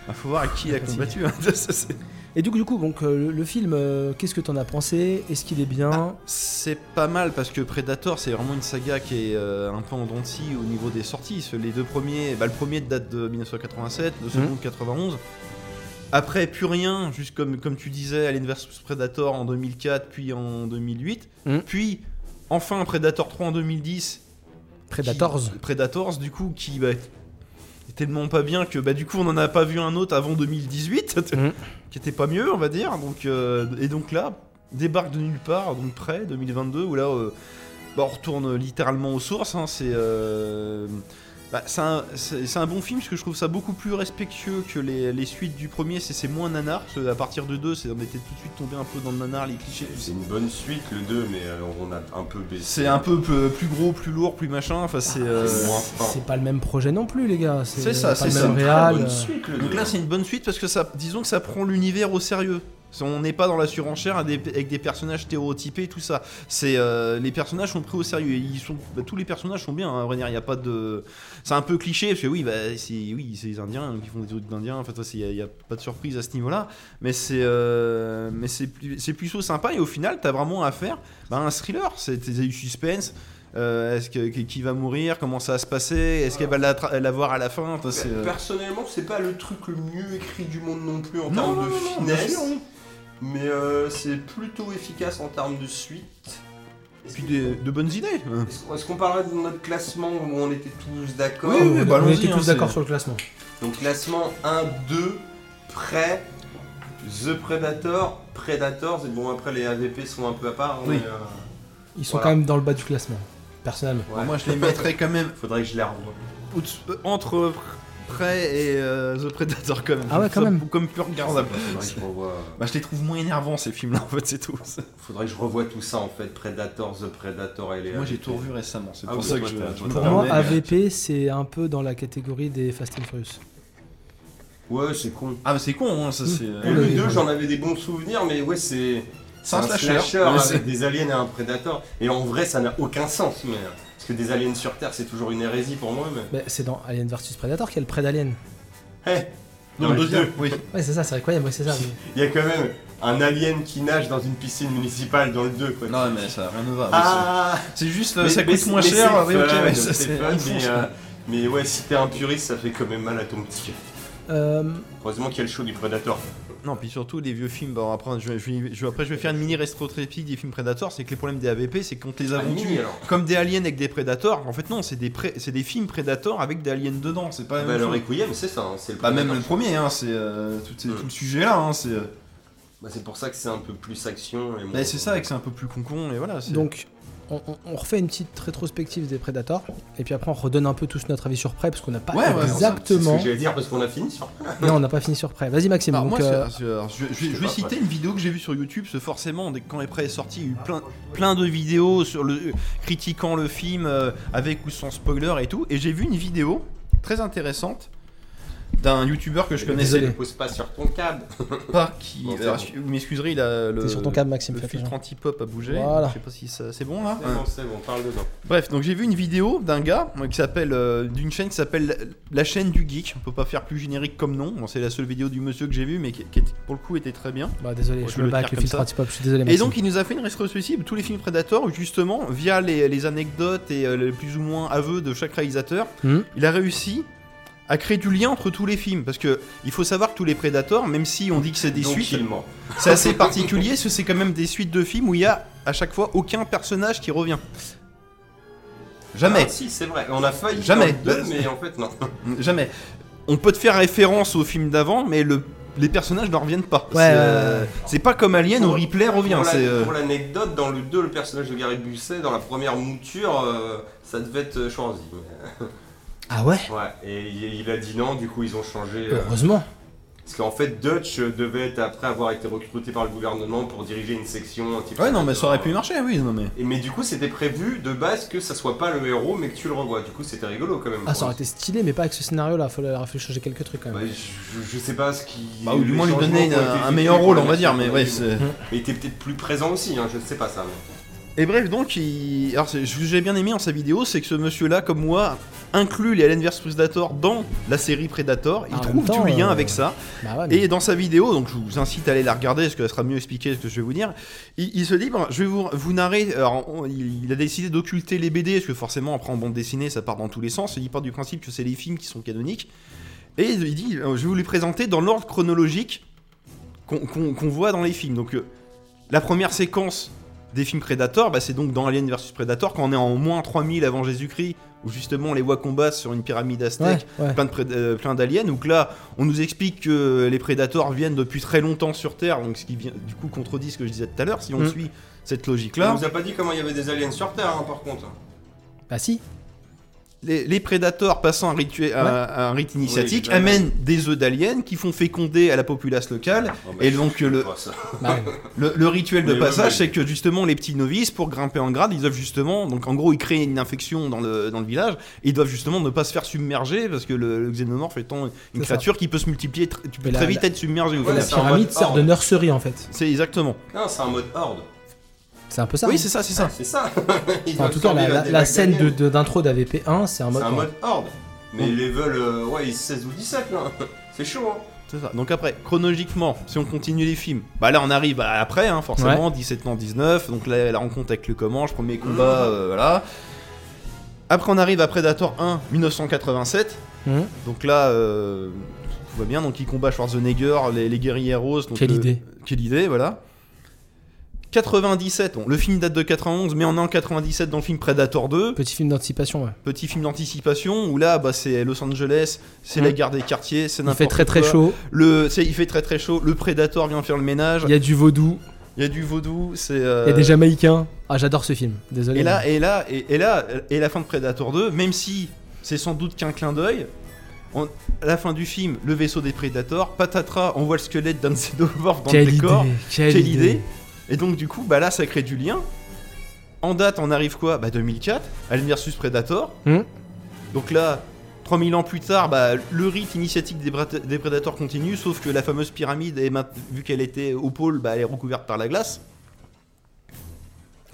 Speaker 3: Bah, Faut voir à qui il a combattu. hein. Ça, c'est-
Speaker 2: Et du coup, du coup donc, euh, le, le film, euh, qu'est-ce que t'en as pensé Est-ce qu'il est bien
Speaker 3: C'est pas mal parce que Predator, c'est vraiment une saga qui est euh, un peu en dents de scie au niveau des sorties. Ce- Les deux premiers, bah, le premier date de 1987, le second de 91. Après, plus rien, juste comme, comme tu disais, Alien vs Predator en 2004, puis en 2008.
Speaker 2: Mhm.
Speaker 3: Puis, enfin, Predator 3 en 2010.
Speaker 2: Predators
Speaker 3: qui- Predators, du coup, qui bah, est tellement pas bien que bah, du coup, on n'en a pas vu un autre avant 2018,
Speaker 2: Mhm.
Speaker 3: qui était pas mieux, on va dire. Donc, euh, et donc là, débarque de nulle part, donc près 2022, où là, euh, bah, on retourne littéralement aux sources. hein, c'est euh, bah, c'est un, c'est- c'est un bon film parce que je trouve ça beaucoup plus respectueux que les, les suites du premier. C'est c'est moins nanar. Parce que à partir de deux, c'est- on était tout de suite tombé un peu dans le nanar, les clichés. tout ça.
Speaker 1: C'est une bonne suite le 2, mais euh, on a un peu baissé.
Speaker 3: C'est un peu plus, plus gros, plus lourd, plus machin. Enfin, c'est. euh,
Speaker 1: moins fin.
Speaker 2: C'est pas le même projet non plus, les gars.
Speaker 3: C'est ça,
Speaker 2: pas
Speaker 3: c'est
Speaker 2: le
Speaker 3: ça. Ah,
Speaker 2: même
Speaker 1: une très
Speaker 2: réal,
Speaker 1: bonne
Speaker 2: euh.
Speaker 1: suite le 2.
Speaker 3: Donc là, c'est une bonne suite parce que ça, disons que ça prend l'univers au sérieux. C'est- On n'est pas dans la surenchère à des- avec des personnages stéréotypés et tout ça. C'est euh, les personnages sont pris au sérieux. Et Ils sont bah, tous les personnages sont bien. hein, à vrai dire, il y a pas de. C'est un peu cliché parce que oui, bah, c'est oui, c'est les Indiens qui font des trucs d'Indiens. Enfin, toi, c'est- il n'y a, pas de surprise à ce niveau-là. Mais c'est euh, mais c'est plus- c'est plutôt sympa. Et au final, t'as vraiment affaire bah, à un thriller. C'est c'est du suspense. Euh, Est-ce que qui va mourir Comment ça va se passer Est-ce qu'elle va l'attra- l'avoir à la fin Enfin, c'est, euh,
Speaker 1: Personnellement, c'est pas le truc le mieux écrit du monde non plus en
Speaker 3: Non,
Speaker 1: termes de
Speaker 3: non, non, non, bien
Speaker 1: finesse,
Speaker 3: sûr, oui.
Speaker 1: mais euh, c'est plutôt efficace en termes de suite.
Speaker 3: Et
Speaker 1: Est-ce
Speaker 3: puis
Speaker 1: que-
Speaker 3: des- de bonnes idées.
Speaker 1: Est-ce qu'on- est-ce qu'on parlerait de notre classement où on était tous d'accord
Speaker 3: Oui, oui,
Speaker 2: Oh, on,
Speaker 3: bah,
Speaker 2: on
Speaker 3: allons-y,
Speaker 2: était
Speaker 3: hein,
Speaker 2: tous
Speaker 3: c'est-
Speaker 2: d'accord sur le classement.
Speaker 1: Donc classement 1, 2, prêt, The Predator, Predators, et bon après les AVP sont un peu à part, hein,
Speaker 3: Oui.
Speaker 1: mais euh,
Speaker 2: Ils sont
Speaker 1: Voilà.
Speaker 2: quand même dans le bas du classement, personnellement.
Speaker 1: ouais.
Speaker 3: Moi, je les mettrais quand même
Speaker 1: faudrait que je les revoie.
Speaker 3: au-dessous- euh, entre euh, Prey et euh, The Predator quand même.
Speaker 2: Ah ouais, quand même.
Speaker 3: Comme plus regardable.
Speaker 1: Faudrait que je revoie.
Speaker 3: Bah, je les trouve moins énervants ces films-là en fait, c'est tout.
Speaker 1: Faudrait que je revoie tout ça en fait. Predator, The Predator et les.
Speaker 3: Moi j'ai tout revu récemment, c'est
Speaker 1: Ah
Speaker 3: pour
Speaker 1: oui,
Speaker 3: ça que
Speaker 1: toi,
Speaker 3: je.
Speaker 1: t'as-
Speaker 3: je
Speaker 1: toi,
Speaker 3: me
Speaker 1: t'as
Speaker 2: Pour moi,
Speaker 3: permets.
Speaker 2: AVP, c'est un peu dans la catégorie des Fast and Furious.
Speaker 1: Ouais, c'est con.
Speaker 3: Ah mais c'est con, hein, ça c'est.
Speaker 1: Et
Speaker 2: On
Speaker 1: le
Speaker 2: l'avait
Speaker 1: 2,
Speaker 2: vu.
Speaker 1: j'en avais des bons souvenirs, mais ouais, c'est.
Speaker 3: C'est un slasher. Ouais, c'est-
Speaker 1: avec des aliens et un prédateur. Et en vrai, ça n'a aucun sens, mais. euh, Parce que des aliens sur Terre, c'est toujours une hérésie pour moi, mais.
Speaker 2: Bah, c'est dans Alien vs Predator qu'il y a le Pred Alien.
Speaker 1: Hé Dans
Speaker 3: Ouais,
Speaker 1: le
Speaker 3: bien,
Speaker 1: 2,
Speaker 3: Oui.
Speaker 2: Ouais, c'est ça, c'est incroyable, ouais, c'est ça. mais-
Speaker 1: il y a quand même un alien qui nage dans une piscine municipale dans le 2, quoi.
Speaker 3: Non mais ça rien ne va.
Speaker 1: ah
Speaker 3: C'est juste
Speaker 1: Mais-
Speaker 3: Euh, ça
Speaker 1: mais
Speaker 3: coûte
Speaker 1: c'est-
Speaker 3: moins
Speaker 1: mais
Speaker 3: cher.
Speaker 1: c'est
Speaker 3: oui, ok,
Speaker 1: fun,
Speaker 3: mais ça,
Speaker 1: c'est
Speaker 3: c'est-
Speaker 1: fun,
Speaker 3: ils font
Speaker 1: mais,
Speaker 3: ça.
Speaker 1: euh, mais ouais, si t'es un puriste, ça fait quand même mal à ton petit cœur.
Speaker 2: Euh,
Speaker 1: Heureusement qu'il y a le show du Predator.
Speaker 3: Non, puis surtout les vieux films. Bon, après, je, je- je- après, je vais faire une mini rétrotropique des films Predator. C'est que les problèmes des AVP, c'est qu'on te les a
Speaker 1: Ah, mini,
Speaker 3: vendus
Speaker 1: alors.
Speaker 3: comme des aliens avec des Predators. En fait, non, c'est des, pré- c'est des films Predator avec des aliens dedans. C'est pas la
Speaker 1: Bah,
Speaker 3: même
Speaker 1: le
Speaker 3: chose.
Speaker 1: Requiem, c'est ça, hein, c'est le
Speaker 3: Bah, même le
Speaker 1: Predator.
Speaker 3: premier, hein, c'est euh, tout, c'est
Speaker 1: Mm.
Speaker 3: tout le sujet là. Hein, c'est
Speaker 1: Bah, c'est pour ça que c'est un peu plus action. Et moins-
Speaker 3: Bah, c'est ça, et que c'est un peu plus con-con. Et voilà, c'est-
Speaker 2: donc, on, on- on refait une petite rétrospective des Predators, et puis après, on redonne un peu tous notre avis sur Prey, parce qu'on n'a pas
Speaker 3: Ouais, ouais,
Speaker 1: C'est ce
Speaker 2: exactement.
Speaker 1: que j'allais dire parce qu'on a fini sur.
Speaker 2: non, on n'a pas fini sur Prey. Vas-y, Maxime.
Speaker 3: Alors,
Speaker 2: donc,
Speaker 3: Bah, moi,
Speaker 2: euh,
Speaker 3: c'est- c'est- alors, je, je- je
Speaker 1: sais
Speaker 3: vais
Speaker 1: pas,
Speaker 3: citer
Speaker 1: ouais.
Speaker 3: une vidéo que j'ai vue sur YouTube, parce que forcément, dès- quand Prey est sorti, il y a eu plein, plein de vidéos sur le, euh, critiquant le film euh, avec ou sans spoiler et tout. Et j'ai vu une vidéo très intéressante d'un YouTuber que je connaissais
Speaker 2: Désolé.
Speaker 1: Pose pas sur ton câble.
Speaker 3: pas, qui...
Speaker 1: Bon, c'est
Speaker 3: alors,
Speaker 1: bon.
Speaker 3: je- vous m'excuserez, il a le,
Speaker 2: T'es sur ton câble, Maxime.
Speaker 3: le
Speaker 2: fais
Speaker 3: filtre
Speaker 2: attention.
Speaker 3: anti-pop a bougé.
Speaker 2: Voilà.
Speaker 3: Je sais pas si ça- c'est bon là
Speaker 1: C'est
Speaker 3: Ouais.
Speaker 1: bon, c'est bon, parle dedans.
Speaker 3: Bref, donc j'ai vu une vidéo d'un gars euh, qui s'appelle euh, d'une chaîne qui s'appelle la, la chaîne du geek. On peut pas faire plus générique comme nom. Bon, c'est la seule vidéo du monsieur que j'ai vue, mais qui, qui était- pour le coup était très bien.
Speaker 2: Bah, désolé,
Speaker 3: Bon,
Speaker 2: je
Speaker 3: je vais
Speaker 2: me
Speaker 3: le
Speaker 2: bats
Speaker 3: faire
Speaker 2: avec le
Speaker 3: comme
Speaker 2: filtre
Speaker 3: ça.
Speaker 2: anti-pop, je suis désolé,
Speaker 3: Et
Speaker 2: Maxime.
Speaker 3: donc il nous a fait une rétrospective de tous les films Predator, justement via les, les anecdotes et euh, les plus ou moins aveux de chaque réalisateur.
Speaker 2: Hmm.
Speaker 3: Il a réussi à créer du lien entre tous les films parce que il faut savoir que tous les Predators, même si on dit que c'est des
Speaker 1: Donc,
Speaker 3: suites,
Speaker 1: il ment.
Speaker 3: c'est assez particulier parce que c'est quand même des suites de films où il y a à chaque fois aucun personnage qui revient. Jamais.
Speaker 1: Ah, si, c'est vrai. On a failli.
Speaker 3: Jamais.
Speaker 1: dans le deux, mais en fait, non.
Speaker 3: Jamais. On peut te faire référence au film d'avant, mais le- les personnages ne reviennent pas.
Speaker 2: Ouais,
Speaker 3: c'est,
Speaker 2: ouais,
Speaker 3: euh,
Speaker 2: ouais.
Speaker 3: c'est pas comme Alien où Ripley revient.
Speaker 1: Pour la-
Speaker 3: c'est, euh,
Speaker 1: Pour l'anecdote, dans le 2, le personnage de Gary Busset, dans la première mouture, euh, ça devait être euh, Schwarzy.
Speaker 2: Ah ouais
Speaker 1: Ouais, et il il a dit non, du coup, ils ont changé. euh,
Speaker 2: Heureusement. Ah,
Speaker 1: Parce qu'en fait, Dutch euh, devait être, après avoir été recruté par le gouvernement pour diriger une section anti
Speaker 3: Ouais, non, mais ça aurait pu marcher, oui. Non, mais...
Speaker 1: Et mais du coup, c'était prévu de base que ça soit pas le héros, mais que tu le revois. Du coup, c'était rigolo quand même.
Speaker 2: Ah, ça aurait été stylé, mais pas avec ce scénario-là. Faut- Il aurait fallu changer quelques trucs quand
Speaker 1: Bah,
Speaker 2: même.
Speaker 1: je, je sais pas ce qui.
Speaker 3: Bah, ou du
Speaker 1: les
Speaker 3: moins lui
Speaker 1: changements
Speaker 3: donner
Speaker 1: qui ont été
Speaker 3: un, un
Speaker 1: effectués
Speaker 3: meilleur
Speaker 1: pour
Speaker 3: rôle,
Speaker 1: la
Speaker 3: on va dire.
Speaker 1: version
Speaker 3: Mais ouais,
Speaker 1: qu'on a
Speaker 3: c'est-
Speaker 1: eue. Mais il était peut-être plus présent aussi, hein, je sais pas ça. mais-
Speaker 3: Et bref, donc, il... Alors, c'est- ce que j'ai bien aimé en sa vidéo, c'est que ce monsieur-là, comme moi, inclut les Alien vs Predator dans la série Predator. Il
Speaker 2: Ah, en
Speaker 3: trouve
Speaker 2: même temps,
Speaker 3: du lien
Speaker 2: euh,
Speaker 3: avec ça.
Speaker 2: Bah ouais, mais-
Speaker 3: Et dans sa vidéo, donc je vous incite à aller la regarder, parce que ça sera mieux expliqué ce que je vais vous dire. Il, il se dit, bon, je vais vous, vous narrer. Alors, on- il, il a décidé d'occulter les BD, parce que forcément, après en bande dessinée, ça part dans tous les sens. Il part du principe que c'est les films qui sont canoniques. Et il dit, euh, je vais vous les présenter dans l'ordre chronologique qu'on qu'on- qu'on voit dans les films. Donc, euh, la première séquence des films Predator, bah, c'est donc dans Alien vs Predator, quand on est en moins 3000 avant Jésus-Christ, où justement on les voit combattre sur une pyramide aztèque
Speaker 2: Ouais, ouais.
Speaker 3: plein, de pré- euh, plein d'aliens. Donc là, on nous explique que les prédateurs viennent depuis très longtemps sur Terre, donc ce qui vient, du coup contredit ce que je disais tout à l'heure. Si on
Speaker 2: Mm.
Speaker 3: suit cette
Speaker 1: On
Speaker 3: logique-là,
Speaker 1: nous a pas dit comment il y avait des aliens sur Terre, hein, par contre.
Speaker 2: Bah si.
Speaker 3: les, les prédateurs passant un, rituel, un-
Speaker 2: Ouais.
Speaker 3: un rite initiatique
Speaker 1: Oui, évidemment.
Speaker 3: amènent des œufs d'aliens qui font féconder à la populace locale.
Speaker 1: Oh,
Speaker 3: Et donc le,
Speaker 1: Pas ça.
Speaker 2: Bah ouais.
Speaker 3: le, le rituel de
Speaker 1: Mais
Speaker 3: passage,
Speaker 1: oui.
Speaker 3: c'est que justement les petits novices, pour grimper en grade, ils doivent justement, donc en gros, ils créent une infection dans le, dans le village, et ils doivent justement ne pas se faire submerger parce que le, le xénomorphe étant
Speaker 2: C'est
Speaker 3: une
Speaker 2: ça.
Speaker 3: créature qui peut se multiplier, tr- tu peux
Speaker 2: Mais la-
Speaker 3: très vite
Speaker 2: la-
Speaker 3: être submergé. au
Speaker 1: Ouais,
Speaker 2: la
Speaker 3: final.
Speaker 1: c'est en
Speaker 2: pyramide
Speaker 1: mode
Speaker 2: sert de
Speaker 1: horde.
Speaker 2: nurserie en fait.
Speaker 3: C'est exactement.
Speaker 1: Non, c'est un mode horde.
Speaker 2: C'est un peu ça. hein.
Speaker 3: Oui, c'est ça, c'est ça.
Speaker 1: C'est ça. Ils
Speaker 2: Enfin, en
Speaker 1: doivent
Speaker 2: tout cas, la,
Speaker 1: survivre à
Speaker 2: la-
Speaker 1: des
Speaker 2: la
Speaker 1: vagues
Speaker 2: scène
Speaker 1: d'aliens.
Speaker 2: de- de- d'intro d'AVP1, c'est un mode.
Speaker 1: C'est un mode horde. Mais
Speaker 3: Mm.
Speaker 1: level, euh, ouais, ils 16 ou 17 là. C'est chaud, hein.
Speaker 3: C'est ça. Donc après, chronologiquement, si on continue les films, bah là on arrive à après, hein, forcément, 17 ans, 19, donc là la rencontre avec le Comanche, premier combat, euh, voilà. Après on arrive à Predator 1, 1987,
Speaker 2: Mhm.
Speaker 3: donc là, euh, tout va bien, donc il combat Schwarzenegger, les, les guerriers roses. donc,
Speaker 2: Quelle
Speaker 3: euh,
Speaker 2: idée.
Speaker 3: Quelle idée, voilà. 97, bon, le film date de 91, mais on est en 97 dans le film Predator 2.
Speaker 2: Petit film d'anticipation. Ouais.
Speaker 3: Petit film d'anticipation où là, bah, c'est Los Angeles, c'est
Speaker 2: Mhm.
Speaker 3: la guerre des quartiers, c'est
Speaker 2: Il
Speaker 3: n'importe
Speaker 2: fait très très
Speaker 3: quoi.
Speaker 2: chaud.
Speaker 3: Le, c'est- il fait très très chaud, le prédateur vient faire le ménage,
Speaker 2: Il y a du vaudou.
Speaker 3: il y, a du vaudou, c'est...
Speaker 2: Il
Speaker 3: euh,
Speaker 2: y a des Jamaïcains. Ah, j'adore ce film. Désolé.
Speaker 3: Et là, et là, et, et là, et la fin de Predator 2, même si c'est sans doute qu'un clin d'œil, on- à la fin du film, le vaisseau des Predators, patatras, on voit le squelette d'un de ses xénomorphes dans le
Speaker 2: Quelle
Speaker 3: décor.
Speaker 2: idée,
Speaker 3: Quelle idée Et donc du coup, bah là, ça crée du lien. En date, on arrive quoi Bah 2004, Alien versus Predator.
Speaker 2: Hmm.
Speaker 3: Donc là, 3000 ans plus tard, bah, le rite initiatique des, Brat- des Predators continue, sauf que la fameuse pyramide, est mainte- vu qu'elle était au pôle, bah, elle est recouverte par la glace.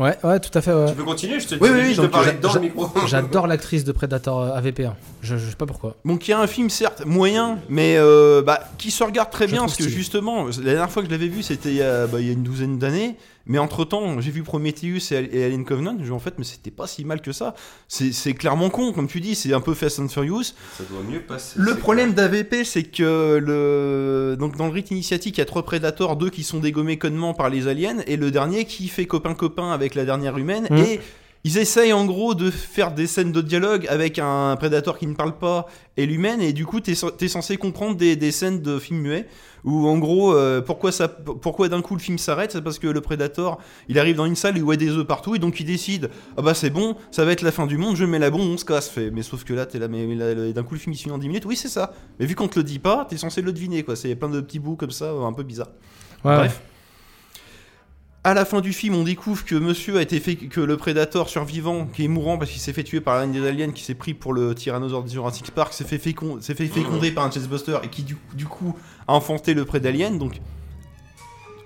Speaker 2: Ouais, ouais, tout à fait. ouais.
Speaker 4: Tu peux continuer, je te
Speaker 3: Oui, oui,
Speaker 4: dis,
Speaker 3: oui,
Speaker 4: je te
Speaker 3: donc,
Speaker 4: parlais
Speaker 3: j'a-
Speaker 4: dans
Speaker 2: j'a-
Speaker 4: le micro.
Speaker 2: J'adore l'actrice de Predator euh, AVP1. Je, je sais pas pourquoi.
Speaker 3: Donc il y a un film certes moyen, mais euh, bah, qui se regarde très
Speaker 2: Je
Speaker 3: bien,
Speaker 2: trouve
Speaker 3: parce que
Speaker 2: stylé.
Speaker 3: justement, la dernière fois que je l'avais vu, c'était il, y a- bah, il y a une douzaine d'années, mais entre-temps, j'ai vu Prometheus et, et Alien Covenant, je me dis, en fait, mais c'était pas si mal que ça. C'est c'est clairement con, comme tu dis, c'est un peu Fast and Furious,
Speaker 4: Ça doit mieux passer.
Speaker 3: Le
Speaker 4: c'est
Speaker 3: problème d'AVP, c'est que le... Donc, dans le rite initiatique, il y a trois prédateurs, deux qui sont dégommés connement par les aliens, et le dernier qui fait copain-copain avec la dernière humaine.
Speaker 2: Mhm.
Speaker 3: Et ils essayent en gros de faire des scènes de dialogue avec un prédateur qui ne parle pas et l'humaine, et du coup, t'es so- t'es censé comprendre des, des scènes de films muets. Où en gros, euh, pourquoi, ça, pourquoi d'un coup le film s'arrête C'est parce que le prédateur, il arrive dans une salle et il voit des œufs partout, et donc il décide ah bah c'est bon, ça va être la fin du monde, je mets la bombe, on se casse. Fait. Mais sauf que là, t'es là, mais, mais là, le- d'un coup le film il se finit en 10 minutes, oui c'est ça. Mais vu qu'on te le dit pas, t'es censé le deviner quoi. C'est plein de petits bouts comme ça, euh, un peu bizarre.
Speaker 2: Ouais,
Speaker 3: Bref. À la fin du film, on découvre que monsieur a été fait, que le prédateur survivant, qui est mourant parce qu'il s'est fait tuer par l'un des aliens, qui s'est pris pour le tyrannosaure de Jurassic Park, s'est fait, fécon- s'est fait féconder par un chestbuster et qui du, du coup a enfanté le prédalien. Donc,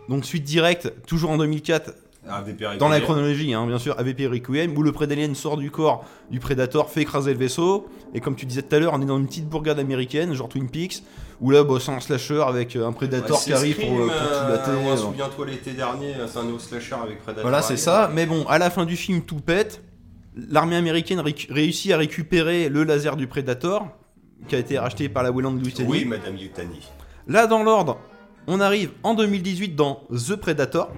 Speaker 3: donc suite directe, toujours en 2004,
Speaker 4: clair. Ah, des péripéties.
Speaker 3: dans la chronologie, hein, bien sûr, AVP Requiem, où le prédalien sort du corps du prédateur, fait écraser le vaisseau, et comme tu disais tout à l'heure, on est dans une petite bourgade américaine, genre Twin Peaks, où là, bah, c'est un slasher avec euh, un prédateur qui
Speaker 4: Assassin's
Speaker 3: arrive pour,
Speaker 4: Creed,
Speaker 3: euh, pour tout
Speaker 4: euh,
Speaker 3: battre.
Speaker 4: on se souvient toi l'été dernier, c'est un nouveau slasher avec Predator.
Speaker 3: Voilà, c'est
Speaker 4: Alien.
Speaker 3: ça, mais bon, à la fin du film, tout pète, l'armée américaine réc- réussit à récupérer le laser du prédateur, qui a été racheté par la Wayland Louisiana.
Speaker 4: Oui, Madame Yutani.
Speaker 3: Là, dans l'ordre, on arrive en 2018 dans The Predator.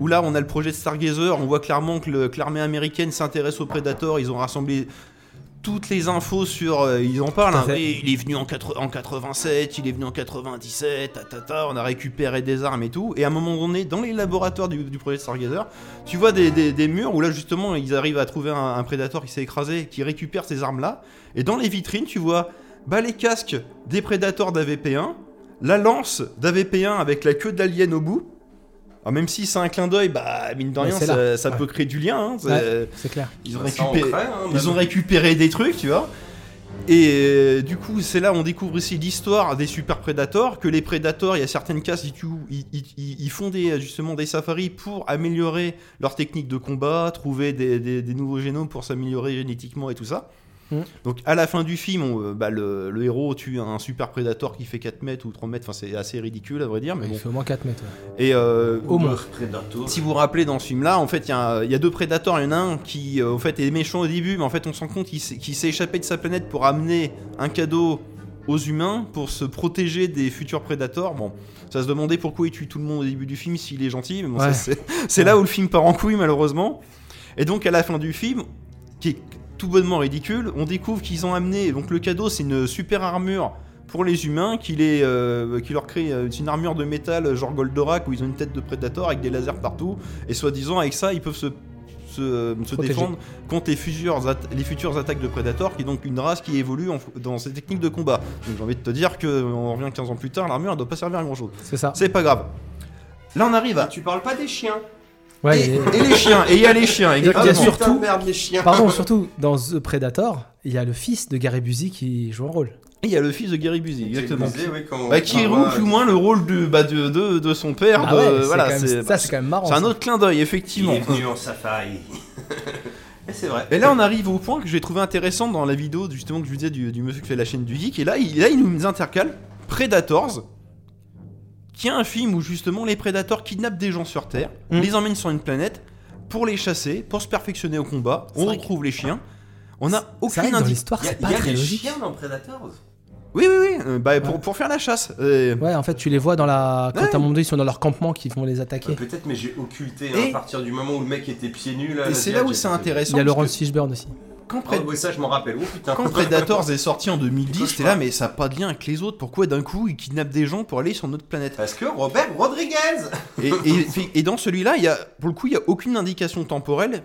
Speaker 3: Où là, on a le projet de Stargazer. On voit clairement que le- que l'armée américaine s'intéresse au Predator. Ils ont rassemblé toutes les infos sur. euh, ils en parlent.
Speaker 2: Tout à
Speaker 3: hein.
Speaker 2: fait.
Speaker 3: Et il est venu en, quatre- en 87, il est venu en 97, ta, ta, ta, on a récupéré des armes et tout. Et à un moment donné, dans les laboratoires du, du projet de Stargazer, tu vois des, des- des murs où là, justement, ils arrivent à trouver un, un Predator qui s'est écrasé, qui récupère ces armes-là. Et dans les vitrines, tu vois bah, les casques des prédateurs d'AVP1, la lance d'AVP1 avec la queue d'alien au bout. Alors même si c'est un clin d'œil, bah mine de
Speaker 2: Ouais,
Speaker 3: rien,
Speaker 2: c'est
Speaker 3: ça, ça
Speaker 2: Ouais.
Speaker 3: peut créer du lien. hein. C'est-
Speaker 2: Ouais. c'est clair.
Speaker 3: Ils, ont
Speaker 4: Bah, ça, on
Speaker 3: récupéré,
Speaker 4: crée, hein,
Speaker 3: ils ont
Speaker 4: Madame-
Speaker 3: récupéré des trucs, tu vois. Et euh, du coup, c'est là on découvre aussi l'histoire des super prédateurs, que les prédateurs, il y a certaines cases, ils, tuent- ils- ils- ils- ils font des, justement des safaris pour améliorer leur technique de combat, trouver des, des- des nouveaux génomes pour s'améliorer génétiquement et tout ça.
Speaker 2: Mhm.
Speaker 3: Donc à la fin du film, on, euh, bah, le, le héros tue un super prédateur qui fait 4 mètres ou 3 mètres, enfin c'est assez ridicule à vrai dire, mais
Speaker 2: Il
Speaker 3: bon.
Speaker 2: fait au moins 4 mètres. ouais.
Speaker 3: Et euh,
Speaker 2: Au moins.
Speaker 4: Predator.
Speaker 3: si vous vous rappelez dans ce film-là, en fait, il y, a un- il y a deux prédateurs. Il y en a un qui, euh, en fait, est méchant au début, mais en fait, on se rend compte qu'il s'est qu'il s'est échappé de sa planète pour amener un cadeau aux humains pour se protéger des futurs prédateurs. Bon, ça se demandait pourquoi il tue tout le monde au début du film s'il est gentil, mais bon, ça,
Speaker 2: Ouais.
Speaker 3: c'est c'est là où le film part en couille, malheureusement. Et donc, à la fin du film, qui est tout bonnement ridicule, on découvre qu'ils ont amené. Donc, le cadeau, c'est une super armure pour les humains qui, les, euh, qui leur crée euh, une armure de métal euh, genre Goldorak où ils ont une tête de prédateur avec des lasers partout et soi-disant avec ça ils peuvent se, se, euh, se
Speaker 2: Protéger.
Speaker 3: défendre contre les futures, atta- les futures attaques de prédateurs qui est donc une race qui évolue en f- dans ses techniques de combat. Donc j'ai envie de te dire que on revient 15 ans plus tard, l'armure elle doit pas servir à grand chose.
Speaker 2: C'est ça.
Speaker 3: C'est pas grave. Là on arrive
Speaker 4: Bah,
Speaker 3: à...
Speaker 4: tu parles pas des chiens.
Speaker 2: Ouais,
Speaker 3: et,
Speaker 2: il est-
Speaker 3: et les chiens, et il y a les chiens,
Speaker 2: Ah,
Speaker 3: exactement.
Speaker 2: bien sûr. surtout-
Speaker 4: Putain, merde les chiens.
Speaker 2: Pardon, surtout dans The Predator, il y a le fils de Gary Busey qui joue un rôle.
Speaker 3: Et il y a le fils de Gary Busey, exactement.
Speaker 4: Qui est brisé, oui, quand on-
Speaker 3: Bah, qui
Speaker 4: Ah,
Speaker 3: roule
Speaker 4: ouais.
Speaker 3: plus ou moins le rôle de, bah, de, de, de son père.
Speaker 2: Ah
Speaker 3: de-
Speaker 2: ouais, c'est
Speaker 3: voilà,
Speaker 2: quand même-
Speaker 3: c'est-
Speaker 2: ça c'est quand même marrant.
Speaker 3: C'est un
Speaker 2: ça.
Speaker 3: autre clin d'œil,
Speaker 4: Il
Speaker 3: effectivement.
Speaker 4: est venu en safari. Et c'est vrai.
Speaker 3: Et là, on arrive au point que j'ai trouvé intéressant dans la vidéo justement que je vous disais du, du monsieur qui fait la chaîne du geek. Et là, il, là, il nous intercale Predators, qui est un film où justement les prédateurs kidnappent des gens sur Terre,
Speaker 2: Mm.
Speaker 3: les emmènent sur une planète pour les chasser, pour se perfectionner au combat.
Speaker 2: C'est
Speaker 3: On
Speaker 2: vrai que-
Speaker 3: retrouve les chiens. On
Speaker 2: C'est
Speaker 3: a
Speaker 2: vrai
Speaker 3: aucune
Speaker 2: que dans
Speaker 3: indice.
Speaker 2: l'histoire,
Speaker 4: Il y a,
Speaker 2: c'est pas
Speaker 4: il y a
Speaker 2: très
Speaker 4: des
Speaker 2: logique.
Speaker 4: chiens dans Predators.
Speaker 3: Oui, oui, oui. euh, bah,
Speaker 2: Ouais.
Speaker 3: pour, pour faire la chasse. Euh,
Speaker 2: Ouais, en fait, tu les vois dans la. Quand
Speaker 3: Ouais.
Speaker 2: à un moment donné, ils sont dans leur campement qu'ils vont les attaquer.
Speaker 4: Euh, Peut-être, mais j'ai occulté hein,
Speaker 3: Et-
Speaker 4: à partir du moment où le mec était pieds nus. Là,
Speaker 3: Et
Speaker 4: la
Speaker 3: c'est
Speaker 4: Diage,
Speaker 3: là où
Speaker 4: j'ai
Speaker 3: c'est
Speaker 4: fait-
Speaker 3: intéressant.
Speaker 2: Il y a
Speaker 3: parce
Speaker 2: Laurence
Speaker 3: que
Speaker 2: Fishburne aussi.
Speaker 3: quand
Speaker 4: Ah
Speaker 3: Pred-
Speaker 4: oui, ça je m'en rappelle. Oh putain.
Speaker 3: Quand Predators est sorti en 2010, t'es
Speaker 4: Cauchemar.
Speaker 3: là, mais ça n'a pas de lien avec les autres. Pourquoi d'un coup ils kidnappent des gens pour aller sur notre planète
Speaker 4: Parce que Robert Rodriguez
Speaker 3: et, et- et dans celui-là, il y a, pour le coup, il n'y a aucune indication temporelle.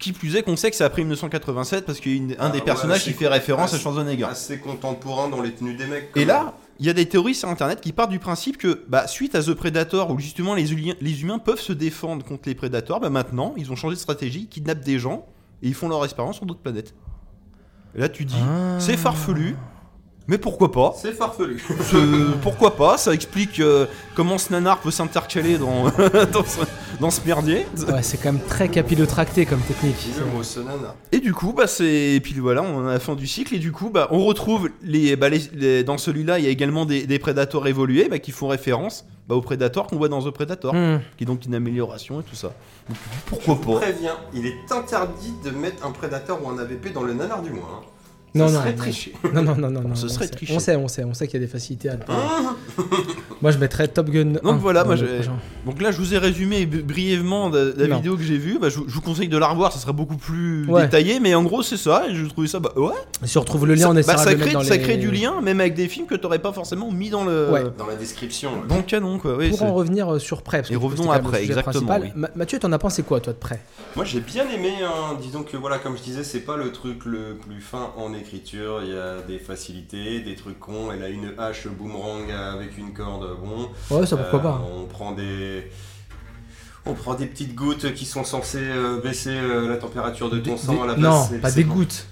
Speaker 3: Qui plus est qu'on sait que c'est après 1987 parce qu'il y a une- un
Speaker 1: Ah,
Speaker 3: des
Speaker 1: ouais,
Speaker 3: personnages
Speaker 1: c'est
Speaker 3: qui
Speaker 1: cool.
Speaker 3: fait référence
Speaker 1: Ah,
Speaker 3: à Schwarzenegger.
Speaker 1: Assez contemporain dans les tenues des mecs.
Speaker 3: Et
Speaker 1: quand
Speaker 3: là, il y a des théories sur Internet qui partent du principe que, bah, suite à The Predator, où justement les, huli- les humains peuvent se défendre contre les prédateurs, bah maintenant, ils ont changé de stratégie, ils kidnappent des gens et ils font leur expérience sur d'autres planètes. Et là, tu dis,
Speaker 2: Ah.
Speaker 3: Ah. c'est farfelu, mais pourquoi pas
Speaker 1: même. C'est farfelu.
Speaker 3: Euh, Pourquoi pas Ça explique euh, comment ce nanar peut s'intercaler dans, dans, ce, dans ce merdier.
Speaker 2: Ouais, c'est quand même très capillotracté comme technique.
Speaker 1: Dis le mot sonana.
Speaker 3: Et du coup, bah, c'est. Et puis voilà, on a la fin du cycle. Et du coup, bah, on retrouve les, bah, les- les- dans celui-là, il y a également des, des prédateurs évolués bah, qui font référence bah, aux prédateurs qu'on voit dans The Predator,
Speaker 2: Hmm.
Speaker 3: qui est donc une amélioration et tout ça. Donc, pourquoi pas
Speaker 1: Préviens, il est interdit de mettre un prédateur ou un AVP dans le nanar du mois. hein.
Speaker 2: Non,
Speaker 1: Ce
Speaker 2: non,
Speaker 1: serait
Speaker 2: non.
Speaker 1: triché.
Speaker 2: Non, non, non, non. non,
Speaker 3: Ce
Speaker 2: on
Speaker 3: serait
Speaker 2: sait.
Speaker 3: triché.
Speaker 2: On sait, on sait, on sait qu'il y a des facilités à ne pas-
Speaker 1: Hein
Speaker 2: Moi, je mettrais Top Gun. 1
Speaker 3: voilà,
Speaker 2: dans
Speaker 3: moi,
Speaker 2: le
Speaker 3: j'ai-
Speaker 2: prochain.
Speaker 3: Donc là, je vous ai résumé b- brièvement de- la
Speaker 2: Non.
Speaker 3: vidéo que j'ai vue. Bah, je, vous- je vous conseille de la revoir, ça sera beaucoup plus
Speaker 2: Ouais.
Speaker 3: détaillé. Mais en gros, c'est ça. Et je trouvais ça. Bah, ouais.
Speaker 2: Si on retrouve le lien,
Speaker 3: ça,
Speaker 2: on
Speaker 3: bah,
Speaker 2: essaiera de
Speaker 3: ça
Speaker 2: le mettre
Speaker 3: crée,
Speaker 2: dans
Speaker 3: ça
Speaker 2: les-
Speaker 3: crée du lien, même avec des films que t'aurais pas forcément mis dans le.
Speaker 2: Ouais.
Speaker 1: Dans la description.
Speaker 3: Dans le canon, quoi. Oui,
Speaker 2: Pour
Speaker 3: c'est-
Speaker 2: en revenir euh, sur Prêt, parce que
Speaker 3: Et
Speaker 2: du coup,
Speaker 3: revenons
Speaker 2: c'était quand même
Speaker 3: après,
Speaker 2: le sujet
Speaker 3: exactement,
Speaker 2: principal.
Speaker 3: oui.
Speaker 2: Ma- Mathieu, t'en as pensé quoi, toi, de Prêt
Speaker 1: Moi j'ai bien aimé, hein. disons que voilà, comme je disais, c'est pas le truc le plus fin en écriture, il y a des facilités, des trucs cons, elle a une hache boomerang avec une corde, bon.
Speaker 2: Ouais, ça pourquoi
Speaker 1: Euh,
Speaker 2: pas. hein.
Speaker 1: On prend des. On prend des petites gouttes qui sont censées euh, baisser euh, la température de ton
Speaker 2: Des-
Speaker 1: sang à la
Speaker 2: des-
Speaker 1: base.
Speaker 2: Non,
Speaker 1: c'est-
Speaker 2: pas
Speaker 1: c'est
Speaker 2: des
Speaker 1: bon.
Speaker 2: gouttes.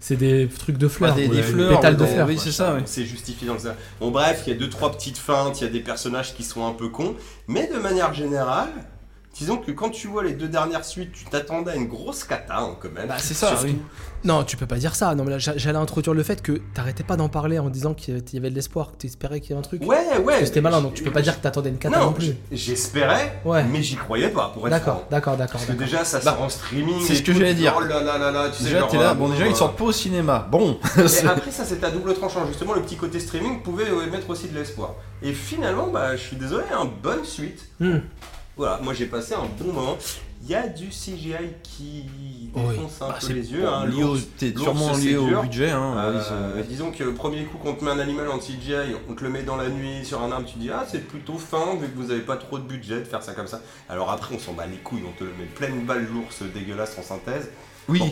Speaker 2: C'est des trucs de fleurs.
Speaker 3: Ah, des-
Speaker 2: ouais,
Speaker 3: des fleurs,
Speaker 2: pétales de
Speaker 3: ouais,
Speaker 2: fleurs.
Speaker 3: oui, c'est ça, ouais.
Speaker 1: C'est justifié dans le Bon, bref, il y a deux, trois petites feintes, il y a des personnages qui sont un peu cons, mais de manière générale, disons que quand tu vois les deux dernières suites, tu t'attendais à une grosse cata hein, quand même.
Speaker 3: Bah, c'est ça,
Speaker 1: Surtout-
Speaker 3: oui.
Speaker 2: Non, tu peux pas dire ça. Non, mais là, j'a- j'allais introduire le fait que t'arrêtais pas d'en parler en disant qu'il y avait- il y avait de l'espoir, que t'espérais qu'il y ait un truc.
Speaker 1: Ouais, ouais.
Speaker 2: Parce que c'était malin,
Speaker 1: j'ai-
Speaker 2: donc tu peux pas dire que t'attendais une cata non,
Speaker 1: Non,
Speaker 2: plus.
Speaker 1: j'- j'espérais,
Speaker 2: Ouais.
Speaker 1: mais j'y croyais pas, pour être franc.
Speaker 2: D'accord, d'accord, d'accord.
Speaker 1: Parce que
Speaker 2: d'accord.
Speaker 1: déjà, ça
Speaker 3: Bah,
Speaker 1: sort en streaming.
Speaker 3: c'est
Speaker 1: et
Speaker 3: ce que
Speaker 1: tout,
Speaker 3: j'allais
Speaker 1: tu
Speaker 3: dire.
Speaker 1: dis, Oh là là là là, tu sais,
Speaker 3: Déjà,
Speaker 1: genre,
Speaker 3: t'es là.
Speaker 1: ah,
Speaker 3: Bon, déjà,
Speaker 1: euh,
Speaker 3: ils sortent pas au cinéma. Bon.
Speaker 1: Et après ça c'est à double tranchant, justement le petit côté streaming pouvait euh, mettre aussi de l'espoir. Et finalement, bah je suis désolé, hein, bonne suite.
Speaker 2: Hmm.
Speaker 1: Voilà, moi j'ai passé un bon moment. Il y a du CGI qui
Speaker 2: Oui.
Speaker 1: défonce un
Speaker 3: Bah,
Speaker 1: peu les yeux.
Speaker 3: bon,
Speaker 1: hein,
Speaker 3: lié
Speaker 1: l'ours.
Speaker 3: au- t'es
Speaker 1: l'ours,
Speaker 3: sûrement
Speaker 1: c'est
Speaker 3: lié au
Speaker 1: dur.
Speaker 3: budget. Hein,
Speaker 1: Euh,
Speaker 3: oui, c'est-
Speaker 1: disons que premier coup qu'on te met un animal en CGI, on te le met dans la nuit sur un arbre, tu te dis ah c'est plutôt fin vu que vous avez pas trop de budget de faire ça comme ça. Alors après on s'en bat les couilles, on te le met pleine balle l'ours dégueulasse en synthèse.
Speaker 3: oui.
Speaker 1: bon.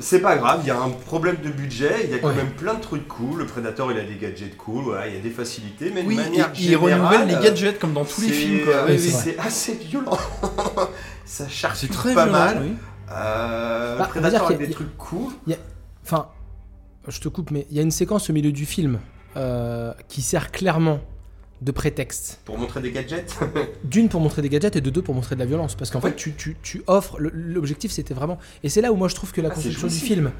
Speaker 1: C'est pas grave, il y a un problème de budget, il y a quand
Speaker 2: Ouais.
Speaker 1: même plein de trucs cool. Le Predator, il a des gadgets cool, voilà, il y a des facilités, mais
Speaker 3: Oui,
Speaker 1: de manière
Speaker 3: il, il
Speaker 1: générale,
Speaker 3: renouvelle les
Speaker 1: euh,
Speaker 3: gadgets comme dans tous les
Speaker 1: c'est-
Speaker 3: films. quoi.
Speaker 1: euh,
Speaker 3: Oui,
Speaker 2: c'est
Speaker 3: oui.
Speaker 2: vrai.
Speaker 1: c'est assez violent. ça charge
Speaker 3: C'est très
Speaker 1: pas
Speaker 3: violent,
Speaker 1: mal.
Speaker 3: oui.
Speaker 1: Euh,
Speaker 2: Bah, on va dire
Speaker 1: Predator avec
Speaker 2: qu'il y a-
Speaker 1: des trucs cool.
Speaker 2: Enfin, je te coupe, mais il y a une séquence au milieu du film euh, qui sert clairement de prétexte.
Speaker 1: Pour montrer des gadgets
Speaker 2: D'une pour montrer des gadgets et de deux pour montrer de la violence. Parce qu'en
Speaker 1: Ouais.
Speaker 2: fait, tu, tu- tu offres. le- L'objectif, c'était vraiment. Et c'est là où moi je trouve que la
Speaker 1: Ah, c'est
Speaker 2: construction du
Speaker 1: jouissif.
Speaker 2: film.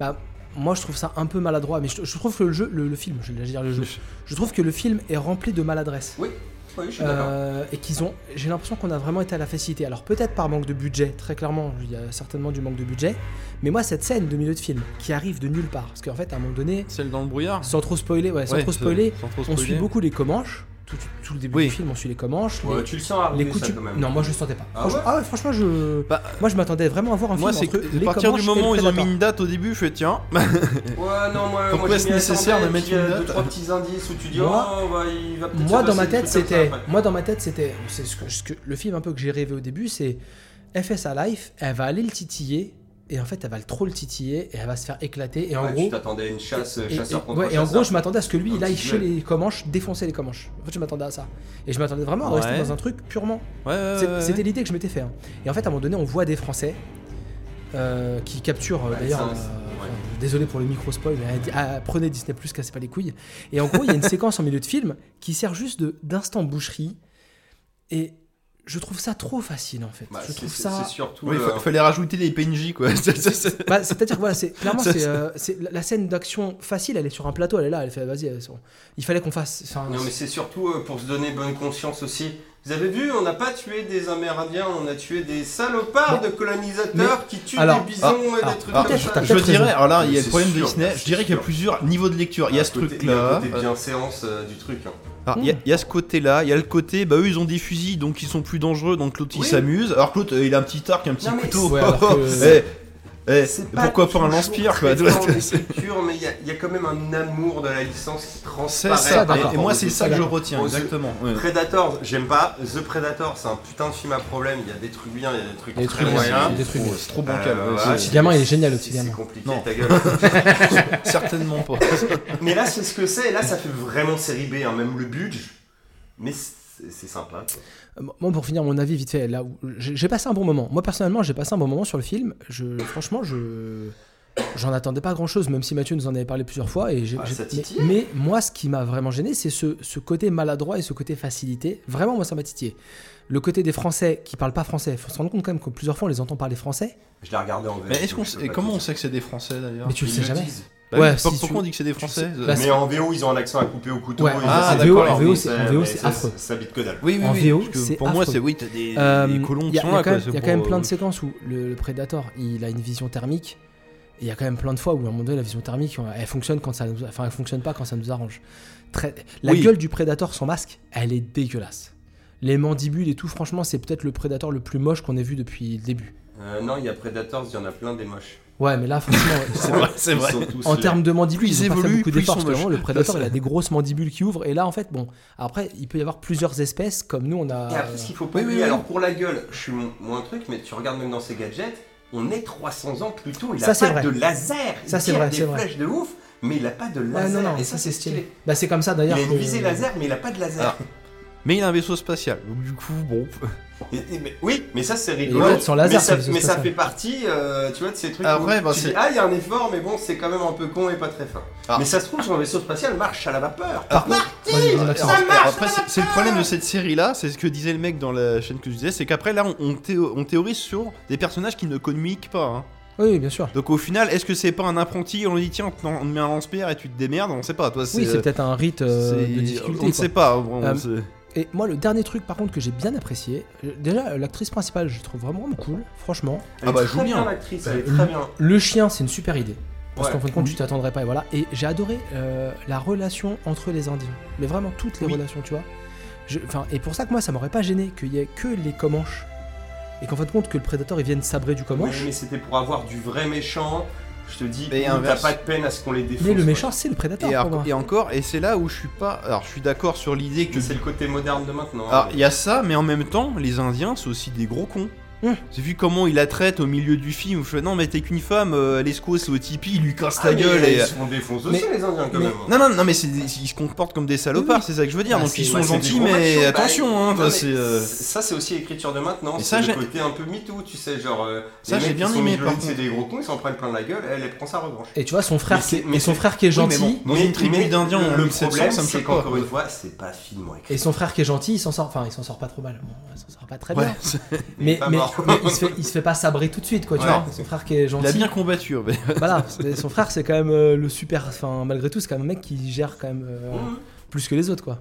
Speaker 2: Bah, moi je trouve ça un peu maladroit, mais je, je trouve que le jeu, le, le film, je vais dire le jeu, je trouve que le film est rempli de maladresse.
Speaker 1: Oui, je suis d'accord.
Speaker 2: Euh, et qu'ils ont, j'ai l'impression qu'on a vraiment été à la facilité. Alors peut-être par manque de budget, très clairement, il y a certainement du manque de budget. Mais moi, cette scène de milieu de film qui arrive de nulle part, parce qu'en fait, à un moment donné,
Speaker 3: Celle dans le brouillard.
Speaker 2: sans trop spoiler, ouais, sans
Speaker 3: Ouais,
Speaker 2: trop
Speaker 3: ça-
Speaker 2: spoiler,
Speaker 3: sans trop
Speaker 2: on
Speaker 3: spoiler.
Speaker 2: suit beaucoup les Comanches. Tout, tout le début
Speaker 3: Oui.
Speaker 2: du film, on suit les Comanches.
Speaker 1: Ouais,
Speaker 2: les,
Speaker 1: tu le sens arriver
Speaker 2: les
Speaker 1: ça quand même.
Speaker 2: Non, moi je le sentais pas.
Speaker 1: Ah
Speaker 2: franchement,
Speaker 1: ouais
Speaker 2: franchement, je,
Speaker 3: Bah,
Speaker 2: moi je m'attendais vraiment à voir un
Speaker 3: Moi, c'est
Speaker 2: film
Speaker 3: que
Speaker 2: entre
Speaker 3: à
Speaker 2: les
Speaker 3: partir du
Speaker 2: Comanches et
Speaker 3: moment
Speaker 2: le
Speaker 3: où ils ont mis
Speaker 2: Predator.
Speaker 3: une date au début, je fais tiens.
Speaker 1: Ouais, non, moi,
Speaker 3: Pourquoi
Speaker 1: moi,
Speaker 3: est-ce nécessaire de mettre une
Speaker 1: deux,
Speaker 3: note
Speaker 1: trois petits indices où tu dis
Speaker 2: Moi-
Speaker 1: oh, bah, il va peut-être
Speaker 2: Moi
Speaker 1: se
Speaker 2: dans ma
Speaker 1: passer
Speaker 2: tête,
Speaker 1: des trucs comme ça
Speaker 2: c'était,
Speaker 1: après.
Speaker 2: moi dans ma tête, c'était, c'est ce que, ce que- le film un peu que j'ai rêvé au début, c'est FSA Life, elle va aller le titiller et en fait elle va le- trop le titiller et elle va se faire éclater et en
Speaker 1: Ouais,
Speaker 2: gros.
Speaker 1: Tu t'attendais à une chasse euh,
Speaker 2: Et, et-
Speaker 1: chasseur contre
Speaker 2: ouais, et en gros,
Speaker 1: chasseur.
Speaker 2: je m'attendais à ce que lui,
Speaker 1: Un
Speaker 2: il aille
Speaker 1: petit
Speaker 2: chez
Speaker 1: duel.
Speaker 2: les Comanches, défoncer les Comanches. En fait, je m'attendais à ça. Et je m'attendais vraiment à
Speaker 3: Ouais.
Speaker 2: rester dans un truc purement
Speaker 3: Ouais, ouais,
Speaker 2: C'est-
Speaker 3: Euh, ouais, ouais.
Speaker 2: C'était l'idée que je m'étais fait. hein. Et en fait, à un moment donné, on voit des Français euh, qui capturent. euh,
Speaker 1: Ouais,
Speaker 2: D'ailleurs,
Speaker 1: Ah, ça,
Speaker 2: euh,
Speaker 1: c'est-
Speaker 2: enfin,
Speaker 1: ouais.
Speaker 2: désolé pour le micro spoil, mais euh, di- ah, prenez Disney Plus, cassez pas les couilles. Et en gros, il y a une séquence en milieu de film qui sert juste de- d'instant boucherie. Et je trouve ça trop facile, en fait.
Speaker 1: Bah,
Speaker 2: je
Speaker 1: c'est-
Speaker 2: trouve
Speaker 1: c'est-
Speaker 2: ça.
Speaker 1: C'est surtout.
Speaker 3: Oui, il fa-
Speaker 1: euh,
Speaker 3: fallait rajouter des PNJ quoi. C'est- c'est- c'est-
Speaker 2: Bah, C'est-à-dire, voilà, c'est clairement,
Speaker 3: Ça,
Speaker 2: c'est
Speaker 3: c'est-
Speaker 2: euh, c'est la- la scène d'action facile. Elle est sur un plateau, elle est là, elle fait, vas-y, elle- on- il fallait qu'on fasse. enfin,
Speaker 1: Non mais c'est surtout euh, pour se donner bonne conscience aussi. Vous avez vu, on n'a pas tué des Amérindiens, on a tué des salopards de colonisateurs qui tuent
Speaker 2: alors-
Speaker 1: des bisons
Speaker 3: ah,
Speaker 1: et
Speaker 2: ah,
Speaker 1: des trucs
Speaker 3: ah,
Speaker 1: comme
Speaker 2: peut-être,
Speaker 1: ça.
Speaker 2: t'as
Speaker 3: Je
Speaker 2: peut-être
Speaker 3: dirais,
Speaker 2: raison.
Speaker 3: alors là, il y a
Speaker 1: Mais
Speaker 3: le
Speaker 1: c'est
Speaker 3: problème de
Speaker 1: sûr,
Speaker 3: Disney.
Speaker 1: c'est
Speaker 3: Je dirais qu'il y a
Speaker 1: sûr.
Speaker 3: plusieurs niveaux de lecture. Il y a ce
Speaker 1: côté-
Speaker 3: truc
Speaker 1: il y a
Speaker 3: là.
Speaker 1: le côté bien séance euh, du truc. hein.
Speaker 3: Alors, Il y, a- il y a ce côté-là, il y a le côté, bah eux ils ont des fusils donc ils sont plus dangereux, donc l'autre il
Speaker 1: Oui.
Speaker 3: s'amuse. Alors que l'autre euh, il a un petit arc, un petit
Speaker 1: Non, mais
Speaker 3: couteau.
Speaker 2: c'est- Ouais, alors que-
Speaker 3: Eh, Eh,
Speaker 1: C'est pas
Speaker 3: pourquoi pas un
Speaker 1: toujours
Speaker 3: lance-pierre, quoi.
Speaker 1: très fort,
Speaker 3: C'est-
Speaker 1: l'écriture, mais il y, a- il y a quand même un amour de la licence qui
Speaker 3: C'est
Speaker 1: transparaît.
Speaker 3: ça,
Speaker 1: par
Speaker 3: et-
Speaker 1: rapport
Speaker 3: et moi
Speaker 1: aux
Speaker 3: c'est
Speaker 1: autres.
Speaker 3: ça que je
Speaker 2: sagas.
Speaker 3: retiens,
Speaker 1: Aux-
Speaker 3: exactement. ouais.
Speaker 1: Predator, j'aime pas. The Predator, c'est un putain de film à problème. Il y a des trucs bien, il y a des trucs
Speaker 5: Des
Speaker 1: Eh, très
Speaker 5: trucs bien,
Speaker 1: moyens.
Speaker 5: des trucs bien.
Speaker 3: C'est trop
Speaker 1: Euh,
Speaker 3: bancal. ouais,
Speaker 1: voilà,
Speaker 3: c'est-
Speaker 5: petit gamin, il est génial, le petit
Speaker 1: c'est-
Speaker 5: gamin.
Speaker 1: C'est compliqué,
Speaker 3: Non.
Speaker 1: ta gueule.
Speaker 3: Certainement pas.
Speaker 1: mais là, c'est ce que c'est. Là, ça fait vraiment série B, hein, même le budget. Mais c'est c'est sympa. quoi.
Speaker 5: Mm.
Speaker 2: Moi, pour finir mon avis vite fait, là, où- j'ai j'ai passé un bon moment. Moi, personnellement, j'ai passé un bon moment sur le film. Je, franchement, je, j'en attendais pas grand-chose, même si Mathieu nous en avait parlé plusieurs fois. Et j'ai-
Speaker 1: Ah,
Speaker 2: j'ai-
Speaker 1: ça
Speaker 2: mais,
Speaker 1: titille.
Speaker 2: mais moi, ce qui m'a vraiment gêné, c'est ce, ce côté maladroit et ce côté facilité. Vraiment, moi, ça m'a titillé. Le côté des Français qui parlent pas français. Faut se rendre compte quand même que plusieurs fois, on les entend parler français.
Speaker 1: Je l'ai regardé en VF.
Speaker 3: Mais est-ce qu'on
Speaker 1: donc je
Speaker 3: sait-
Speaker 1: peux
Speaker 3: et
Speaker 1: pas
Speaker 3: comment
Speaker 1: te
Speaker 3: on
Speaker 1: dire.
Speaker 3: sait que c'est des Français d'ailleurs
Speaker 2: Mais tu le sais
Speaker 1: Ils le
Speaker 2: jamais.
Speaker 1: disent.
Speaker 3: Bah oui,
Speaker 2: Ouais,
Speaker 3: pour-
Speaker 2: si,
Speaker 3: Pourquoi
Speaker 2: tu-
Speaker 3: on dit que c'est des Français
Speaker 2: tu sais- bah,
Speaker 3: euh,
Speaker 2: c'est-
Speaker 1: Mais en VO, ils ont un accent à couper au couteau.
Speaker 2: Ouais,
Speaker 1: ils
Speaker 3: ah,
Speaker 1: essaient de
Speaker 3: d'accord,
Speaker 1: parler
Speaker 3: en
Speaker 2: VO, c'est-
Speaker 1: français,
Speaker 2: en VO,
Speaker 1: mais
Speaker 2: c'est
Speaker 1: ça-
Speaker 2: affreux.
Speaker 1: Ça bite que dalle.
Speaker 3: Oui, oui,
Speaker 2: en
Speaker 3: oui.
Speaker 2: VO,
Speaker 3: parce que
Speaker 2: c'est
Speaker 3: pour moi,
Speaker 2: affreux.
Speaker 3: c'est oui, t'as des,
Speaker 2: Euh,
Speaker 3: des colons
Speaker 2: Il y
Speaker 3: qui
Speaker 2: a,
Speaker 3: sont
Speaker 2: il y a
Speaker 3: là.
Speaker 2: quand
Speaker 3: quoi,
Speaker 2: même-
Speaker 3: c'est
Speaker 2: il y a quand
Speaker 3: pour,
Speaker 2: même plein
Speaker 3: euh,
Speaker 2: de séquences où le, le Predator, il a une vision thermique. Et il y a quand même plein de fois où à un moment donné, la vision thermique, on- elle fonctionne quand ça nous, enfin, elle fonctionne pas quand ça nous arrange. Très- la
Speaker 3: Oui.
Speaker 2: gueule du Predator sans masque, elle est dégueulasse. Les mandibules et tout, franchement, c'est peut-être le Predator le plus moche qu'on ait vu depuis le début.
Speaker 1: Euh, non, il y a Predators, il y en a plein des moches.
Speaker 2: Ouais, mais là, franchement,
Speaker 3: C'est vrai, c'est
Speaker 1: Ils
Speaker 3: vrai.
Speaker 1: sont tous
Speaker 2: en
Speaker 1: là.
Speaker 2: termes de mandibules,
Speaker 3: Plus
Speaker 2: ils ont pas fait
Speaker 3: évoluent,
Speaker 2: beaucoup
Speaker 3: plus ils
Speaker 2: d'efforts.
Speaker 3: sont
Speaker 2: parce que vraiment,
Speaker 3: moches.
Speaker 2: le Predator, il a des grosses mandibules qui ouvrent. Et là, en fait, bon, après, il peut y avoir plusieurs espèces, comme nous, on a.
Speaker 1: Et après, ce qu'il faut pas
Speaker 3: Oui, oui,
Speaker 1: oublier,
Speaker 3: oui.
Speaker 1: alors pour la gueule, je suis mon, mon truc, mais tu regardes même dans ces gadgets, on est 300 ans plus tôt, il
Speaker 2: Ça,
Speaker 1: a
Speaker 2: c'est
Speaker 1: pas
Speaker 2: vrai.
Speaker 1: de laser.
Speaker 2: Ça,
Speaker 1: il
Speaker 2: c'est
Speaker 1: tire
Speaker 2: vrai,
Speaker 1: des
Speaker 2: c'est vrai.
Speaker 1: flèches de ouf, mais il a pas de
Speaker 2: Ouais,
Speaker 1: laser.
Speaker 2: non, non,
Speaker 1: et ça, c'est stylé.
Speaker 2: Bah, c'est comme ça
Speaker 1: Il
Speaker 2: d'ailleurs.
Speaker 1: a une
Speaker 2: que-
Speaker 1: visée laser, mais il a pas de laser.
Speaker 3: Mais il a un vaisseau spatial. donc Du coup, bon.
Speaker 1: Et- et- mais- oui, mais ça, c'est
Speaker 2: il
Speaker 1: rigolo.
Speaker 2: doit être sans laser,
Speaker 1: mais ça,
Speaker 2: ça,
Speaker 1: mais ça
Speaker 2: ça.
Speaker 1: fait partie, euh, tu vois, de ces trucs.
Speaker 3: Ah,
Speaker 1: où
Speaker 3: ouais, bah,
Speaker 1: tu
Speaker 3: c'est-
Speaker 1: dis, ah, il y a un effort, mais bon, c'est quand même un peu con et pas très fin.
Speaker 3: Ah.
Speaker 1: Mais ça se trouve, son vaisseau spatial marche à la vapeur.
Speaker 3: Par
Speaker 1: Marche
Speaker 2: Moi, j'ai des accents.
Speaker 1: Ça marche,
Speaker 3: ah, Après, c'est c'est le problème de cette série-là, c'est ce que disait le mec dans la chaîne que je disais, c'est qu'après, là, on, on théo- on théorise sur des personnages qui ne communiquent pas. hein.
Speaker 2: Oui, bien sûr.
Speaker 3: Donc au final, est-ce que c'est pas un apprenti On lui dit, tiens, on te- on te met un lance-pierre et tu te démerdes On sait pas, toi, c'est...
Speaker 2: Oui, c'est peut-être un rite euh,
Speaker 3: c'est-
Speaker 2: de difficulté.
Speaker 3: On ne
Speaker 2: quoi.
Speaker 3: sait pas. on- on
Speaker 2: Euh,
Speaker 3: sait-
Speaker 2: Et moi, le dernier truc, par contre, que j'ai bien apprécié, euh, déjà, l'actrice principale, je la trouve vraiment cool, franchement.
Speaker 1: Elle est
Speaker 3: Ah bah,
Speaker 1: très
Speaker 3: joue bien.
Speaker 1: bien, l'actrice, elle est très bien.
Speaker 2: Le chien, c'est une super idée. Parce
Speaker 1: Ouais.
Speaker 2: qu'en fin de compte,
Speaker 3: Oui.
Speaker 2: tu t'attendrais pas, et voilà. Et j'ai adoré euh, la relation entre les Indiens. Mais vraiment, toutes les
Speaker 3: Oui.
Speaker 2: relations, tu vois. Je- Enfin, et pour ça que moi, ça m'aurait pas gêné qu'il y ait que les Comanches. Et qu'en fin de compte, que le prédateur, il vienne sabrer du
Speaker 1: Oui,
Speaker 2: Comanche.
Speaker 1: mais c'était pour avoir du vrai méchant. Je te dis,
Speaker 3: Et
Speaker 1: ouh, t'as
Speaker 3: inverse.
Speaker 1: pas de peine à ce qu'on les défonce.
Speaker 2: mais le
Speaker 1: quoi.
Speaker 2: méchant, c'est le prédateur,
Speaker 3: Et,
Speaker 2: pour moi.
Speaker 3: alors- et encore, et c'est là où je suis pas... Alors, je suis d'accord sur l'idée que...
Speaker 1: Mais c'est le côté moderne de maintenant.
Speaker 3: Alors,
Speaker 1: hein.
Speaker 3: Ah, il y a ça, mais en même temps, les Indiens, c'est aussi des gros cons.
Speaker 2: Mmh.
Speaker 3: J'ai vu comment il la traite au milieu du film. où Je fais non, mais t'es qu'une femme, euh, elle est escroc, c'est au Tipeee, il lui casse
Speaker 1: Ah,
Speaker 3: la
Speaker 1: mais
Speaker 3: gueule. Et...
Speaker 1: Ils se font défoncer aussi, les Indiens, quand
Speaker 2: mais-
Speaker 1: même. hein.
Speaker 3: Non, non, non, mais c'est des- ils se comportent comme des salopards, c'est ça que je veux dire.
Speaker 2: Bah,
Speaker 3: Donc ils
Speaker 2: c'est-
Speaker 3: sont
Speaker 1: Ouais, c'est des
Speaker 3: gentils,
Speaker 1: gros
Speaker 3: mais
Speaker 1: machos, bah,
Speaker 3: attention, hein,
Speaker 1: non,
Speaker 3: toi,
Speaker 1: mais
Speaker 3: c'est. euh,
Speaker 1: Ça, c'est aussi l'écriture de maintenant.
Speaker 3: Et
Speaker 1: C'est
Speaker 3: ça,
Speaker 1: le
Speaker 3: j'ai-
Speaker 1: côté un peu MeToo, tu sais, genre. euh,
Speaker 3: Ça,
Speaker 1: les
Speaker 3: j'ai
Speaker 1: mecs
Speaker 3: bien
Speaker 1: qui sont
Speaker 3: aimé,
Speaker 1: mignons,
Speaker 3: par
Speaker 1: C'est
Speaker 3: contre.
Speaker 1: des gros cons, ils s'en prennent plein la gueule, elle, elle prend sa revanche.
Speaker 2: Et tu vois, son frère,
Speaker 1: Mais
Speaker 2: qui est-
Speaker 1: c'est- mais
Speaker 2: et son
Speaker 1: c'est-
Speaker 2: frère qui est
Speaker 3: Oui, mais
Speaker 2: gentil.
Speaker 3: bon. Dans
Speaker 1: Mais-
Speaker 3: une tribu
Speaker 1: mais
Speaker 3: d'Indiens en
Speaker 1: Le
Speaker 3: 1700,
Speaker 1: problème,
Speaker 3: ça me
Speaker 1: c'est
Speaker 3: choque pas.
Speaker 1: qu'encore une fois, c'est pas finement écrit.
Speaker 2: Et son frère qui est gentil, il s'en sort, enfin, il s'en sort pas trop mal. Bon, il s'en sort pas très
Speaker 3: ouais,
Speaker 2: bien.
Speaker 3: c'est-
Speaker 2: Mais,
Speaker 1: pas
Speaker 2: mais-
Speaker 1: mort.
Speaker 2: mais il, se fait, il se fait pas sabrer tout de suite, quoi. Tu
Speaker 1: Ouais.
Speaker 2: vois, son frère qui est gentil.
Speaker 3: il a bien combattu. mais-
Speaker 2: Voilà, c'est- son frère, c'est quand même euh, le super. Enfin, malgré tout, c'est quand même un mec qui gère quand même euh,
Speaker 1: Mmh.
Speaker 2: plus que les autres, quoi.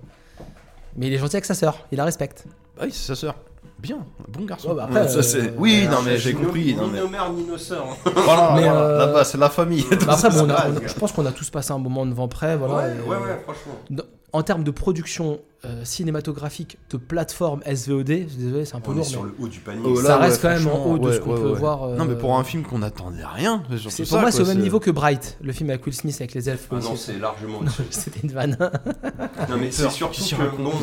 Speaker 2: Mais il est gentil avec sa sœur, il la respecte.
Speaker 3: Ah oui, c'est sa sœur. Bien, un bon garçon.
Speaker 2: Ouais, bah après,
Speaker 3: Ça, c'est-
Speaker 2: euh,
Speaker 3: Oui,
Speaker 1: Alors,
Speaker 3: non, mais
Speaker 1: je
Speaker 3: j'ai
Speaker 1: suis
Speaker 3: compris.
Speaker 1: Ni,
Speaker 3: non, mais-
Speaker 1: ni nos mères, ni nos sœurs. hein.
Speaker 3: Voilà,
Speaker 2: Mais,
Speaker 3: voilà,
Speaker 2: euh,
Speaker 3: là-bas, c'est la famille.
Speaker 2: Bah après, bon, on a-
Speaker 1: Ouais,
Speaker 2: on a-
Speaker 1: gars.
Speaker 2: je pense qu'on a tous passé un moment devant près, voilà.
Speaker 1: ouais,
Speaker 2: et-
Speaker 1: ouais, ouais, franchement.
Speaker 2: dans- En termes de production euh, cinématographique de plateforme SVOD, je suis désolé, c'est un peu
Speaker 1: On est
Speaker 2: lourd,
Speaker 1: sur
Speaker 2: mais
Speaker 1: le haut du panier.
Speaker 3: Oh là,
Speaker 2: ça reste
Speaker 3: ouais,
Speaker 2: quand même en haut de ce
Speaker 3: franchement,
Speaker 2: qu'on
Speaker 3: ouais,
Speaker 2: peut
Speaker 3: ouais.
Speaker 2: voir. euh,
Speaker 3: Non, mais pour un film qu'on n'attendait rien. c'est surtout
Speaker 2: C'est-
Speaker 3: ça,
Speaker 2: pour moi, c'est au
Speaker 3: quoi,
Speaker 2: même niveau que Bright, le film avec Will Smith avec les elfes.
Speaker 1: Ah non,
Speaker 2: policiers.
Speaker 1: c'est largement
Speaker 2: Non, C'était une vanne.
Speaker 1: Non mais c'est
Speaker 3: Peur,
Speaker 1: surtout
Speaker 3: qui s'y
Speaker 1: que
Speaker 3: raconte.
Speaker 1: bon,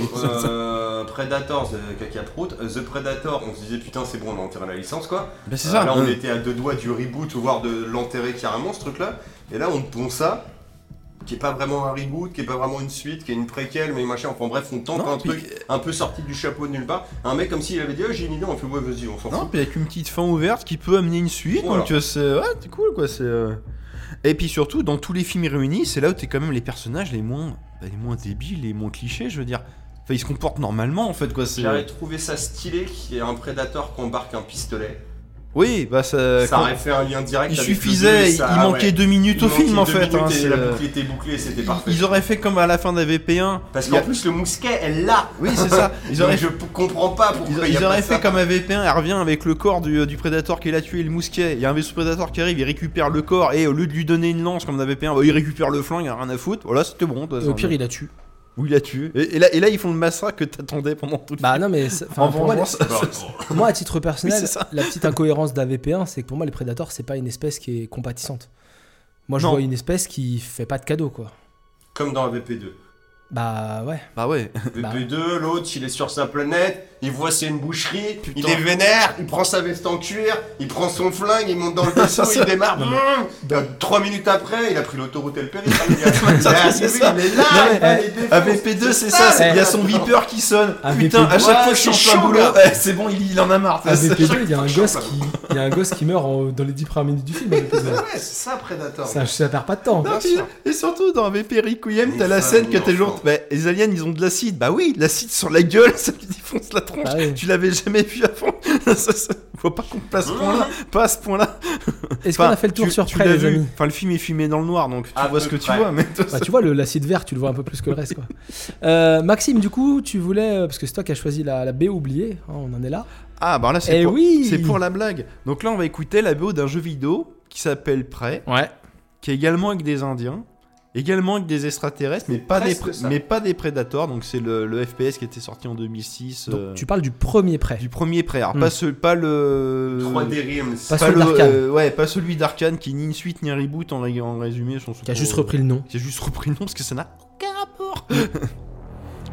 Speaker 1: euh, Predators, euh, caca prout, euh, The Predator, on se disait putain c'est bon on a enterré la licence quoi.
Speaker 3: Bah, c'est
Speaker 1: Euh,
Speaker 3: ça.
Speaker 1: là on
Speaker 3: hein.
Speaker 1: était à deux doigts du reboot voire de l'enterrer carrément ce truc là. Et là on te pond ça, qui est pas vraiment un reboot, qui est pas vraiment une suite, qui est une préquelle mais machin. Enfin bref on tente
Speaker 3: Non,
Speaker 1: un
Speaker 3: puis-
Speaker 1: truc un peu sorti du chapeau de nulle part. Un mec comme s'il avait dit oh, j'ai une idée on fait ouais vas-y on s'en
Speaker 3: Non,
Speaker 1: fout.
Speaker 3: puis avec une petite fin ouverte qui peut amener une suite.
Speaker 1: Voilà.
Speaker 3: Donc euh, c'est ouais, c'est cool quoi. C'est euh. et puis surtout dans tous les films réunis, c'est là où t'es quand même les personnages les moins bah, les moins débiles, les moins clichés, je veux dire. Enfin, ils se comportent normalement en fait quoi. C'est
Speaker 1: J'avais trouvé ça stylé qu'il y ait un Predator qui embarque un pistolet.
Speaker 3: oui, bah ça.
Speaker 1: ça
Speaker 3: quand-
Speaker 1: aurait fait un lien direct.
Speaker 3: Il
Speaker 1: avec le
Speaker 3: suffisait,
Speaker 1: deux,
Speaker 3: il
Speaker 1: ça- ouais.
Speaker 3: manquait deux minutes
Speaker 1: Il
Speaker 3: au film en
Speaker 1: manquait deux
Speaker 3: fait. hein,
Speaker 1: minutes et
Speaker 3: c'est,
Speaker 1: la
Speaker 3: euh,
Speaker 1: boucle était bouclée, c'était
Speaker 3: ils-
Speaker 1: parfait.
Speaker 3: Ils auraient fait comme à la fin d'AVP1.
Speaker 1: Parce
Speaker 3: Il y
Speaker 1: qu'en
Speaker 3: a-
Speaker 1: plus, le mousquet, elle l'a.
Speaker 3: Oui, c'est ça. Ils auraient
Speaker 1: Donc, Je p- comprends pas pourquoi.
Speaker 3: Ils,
Speaker 1: il y a
Speaker 3: ils
Speaker 1: pas
Speaker 3: auraient
Speaker 1: ça.
Speaker 3: fait comme à VP1, elle revient avec le corps du, du prédateur qui l'a tué, le mousquet. Il y a un vaisseau prédateur qui arrive, il récupère le corps et au lieu de lui donner une lance comme dans VP1, bah, il récupère le flingue, il a rien à foutre. Voilà, c'était bon. toi,
Speaker 2: Et
Speaker 3: ça,
Speaker 2: Au pire,
Speaker 3: mais-
Speaker 2: il la tue.
Speaker 3: où il la tue. Et, et là, et là, ils font le massacre que t'attendais pendant tout le
Speaker 2: Bah
Speaker 3: film.
Speaker 2: non, mais c'est- enfin,
Speaker 3: En
Speaker 2: pour, moi,
Speaker 3: vengeance.
Speaker 2: pour moi, à titre personnel,
Speaker 3: Oui, c'est ça.
Speaker 2: la petite incohérence d'AVP1, c'est que pour moi, les prédateurs, c'est pas une espèce qui est compatissante. Moi, je
Speaker 3: Non.
Speaker 2: vois une espèce qui fait pas de cadeaux, quoi.
Speaker 1: Comme dans VP2.
Speaker 2: Bah ouais.
Speaker 3: Bah ouais.
Speaker 2: Bah.
Speaker 1: VP2, l'autre, il est sur sa planète, il voit c'est une boucherie,
Speaker 3: Putain.
Speaker 1: il est vénère, il prend sa veste en cuir, il prend son flingue, il monte dans le vaisseau,
Speaker 3: Ça,
Speaker 1: il démarre.
Speaker 2: Non,
Speaker 1: brrr, euh, Trois minutes après, il a pris l'autoroute El Périph'. hein, le gars. Il a
Speaker 3: c'est
Speaker 1: arrivé,
Speaker 3: ça.
Speaker 1: il est là,
Speaker 3: Non, mais,
Speaker 1: il va
Speaker 3: eh,
Speaker 1: les défoncer.
Speaker 3: AVP2, c'est ça, c'est- il y a son
Speaker 1: Eh.
Speaker 3: beeper qui sonne.
Speaker 2: AVP2,
Speaker 3: Putain, à chaque
Speaker 1: ouais,
Speaker 3: fois que je
Speaker 1: c'est
Speaker 3: change un
Speaker 1: chaud,
Speaker 3: boulot,
Speaker 1: là.
Speaker 3: eh, c'est bon, il, il en a marre.
Speaker 2: À
Speaker 3: ça, Ah, c'est-
Speaker 2: VP2, il y a un gosse qui, il y a un gosse qui meurt en- dans les 10 premières minutes du film. à VP2.
Speaker 1: Ouais, c'est ça, Predator.
Speaker 2: Ça, ça perd pas de temps.
Speaker 3: Non,
Speaker 1: Bien
Speaker 3: puis-
Speaker 1: sûr.
Speaker 3: et surtout dans VP Requiem,
Speaker 1: Les
Speaker 3: t'as la
Speaker 1: femmes,
Speaker 3: scène que
Speaker 1: les
Speaker 3: t'es genre.
Speaker 1: enfants.
Speaker 3: Bah, les aliens ils ont de l'acide. Bah oui, de l'acide sur la gueule, ça lui défonce la tronche.
Speaker 2: Bah oui.
Speaker 3: Tu l'avais jamais vu avant. ça, ça- Faut pas qu'on passe ce point-là. Pas à ce point-là.
Speaker 2: Est-ce qu'on
Speaker 3: Enfin,
Speaker 2: a fait le tour
Speaker 3: tu-
Speaker 2: sur
Speaker 3: tu
Speaker 2: Prey,
Speaker 3: l'as
Speaker 2: les
Speaker 3: vu.
Speaker 2: amis
Speaker 3: Enfin, le film est filmé dans le noir, donc tu
Speaker 1: À
Speaker 3: vois
Speaker 1: peu
Speaker 3: ce que tu
Speaker 1: près.
Speaker 3: vois. Mais
Speaker 2: Bah, tu vois, le- l'acide vert, tu le vois un peu plus que le reste. Quoi. Euh, Maxime, du coup, tu voulais. euh, Parce que c'est toi qui as choisi la, la B oubliée, hein, on en est là.
Speaker 3: Ah, bah là,
Speaker 2: Eh
Speaker 3: c'est pour...
Speaker 2: oui
Speaker 3: c'est pour la blague. Donc là, on va écouter la BO d'un jeu vidéo qui s'appelle Prey,
Speaker 2: Ouais.
Speaker 3: qui est également avec des Indiens, également avec des extraterrestres, mais pas, des,
Speaker 1: presque
Speaker 3: pré-
Speaker 1: ça.
Speaker 3: mais pas des Predators. Donc c'est le, le FPS qui était sorti en 2006. euh,
Speaker 2: Donc, tu parles du premier Prey.
Speaker 3: Du premier Prey. Alors,
Speaker 2: Hmm.
Speaker 3: pas, ce, pas le.
Speaker 1: 3D Realms.
Speaker 2: Pas
Speaker 3: Pas
Speaker 2: celui
Speaker 3: le-
Speaker 2: d'Arkane.
Speaker 3: euh, ouais, pas celui d'Arkane qui est ni une suite ni un reboot en, ré- en résumé. Son
Speaker 2: Qui a juste repris le nom.
Speaker 3: Qui a juste repris le nom parce que ça n'a aucun rapport.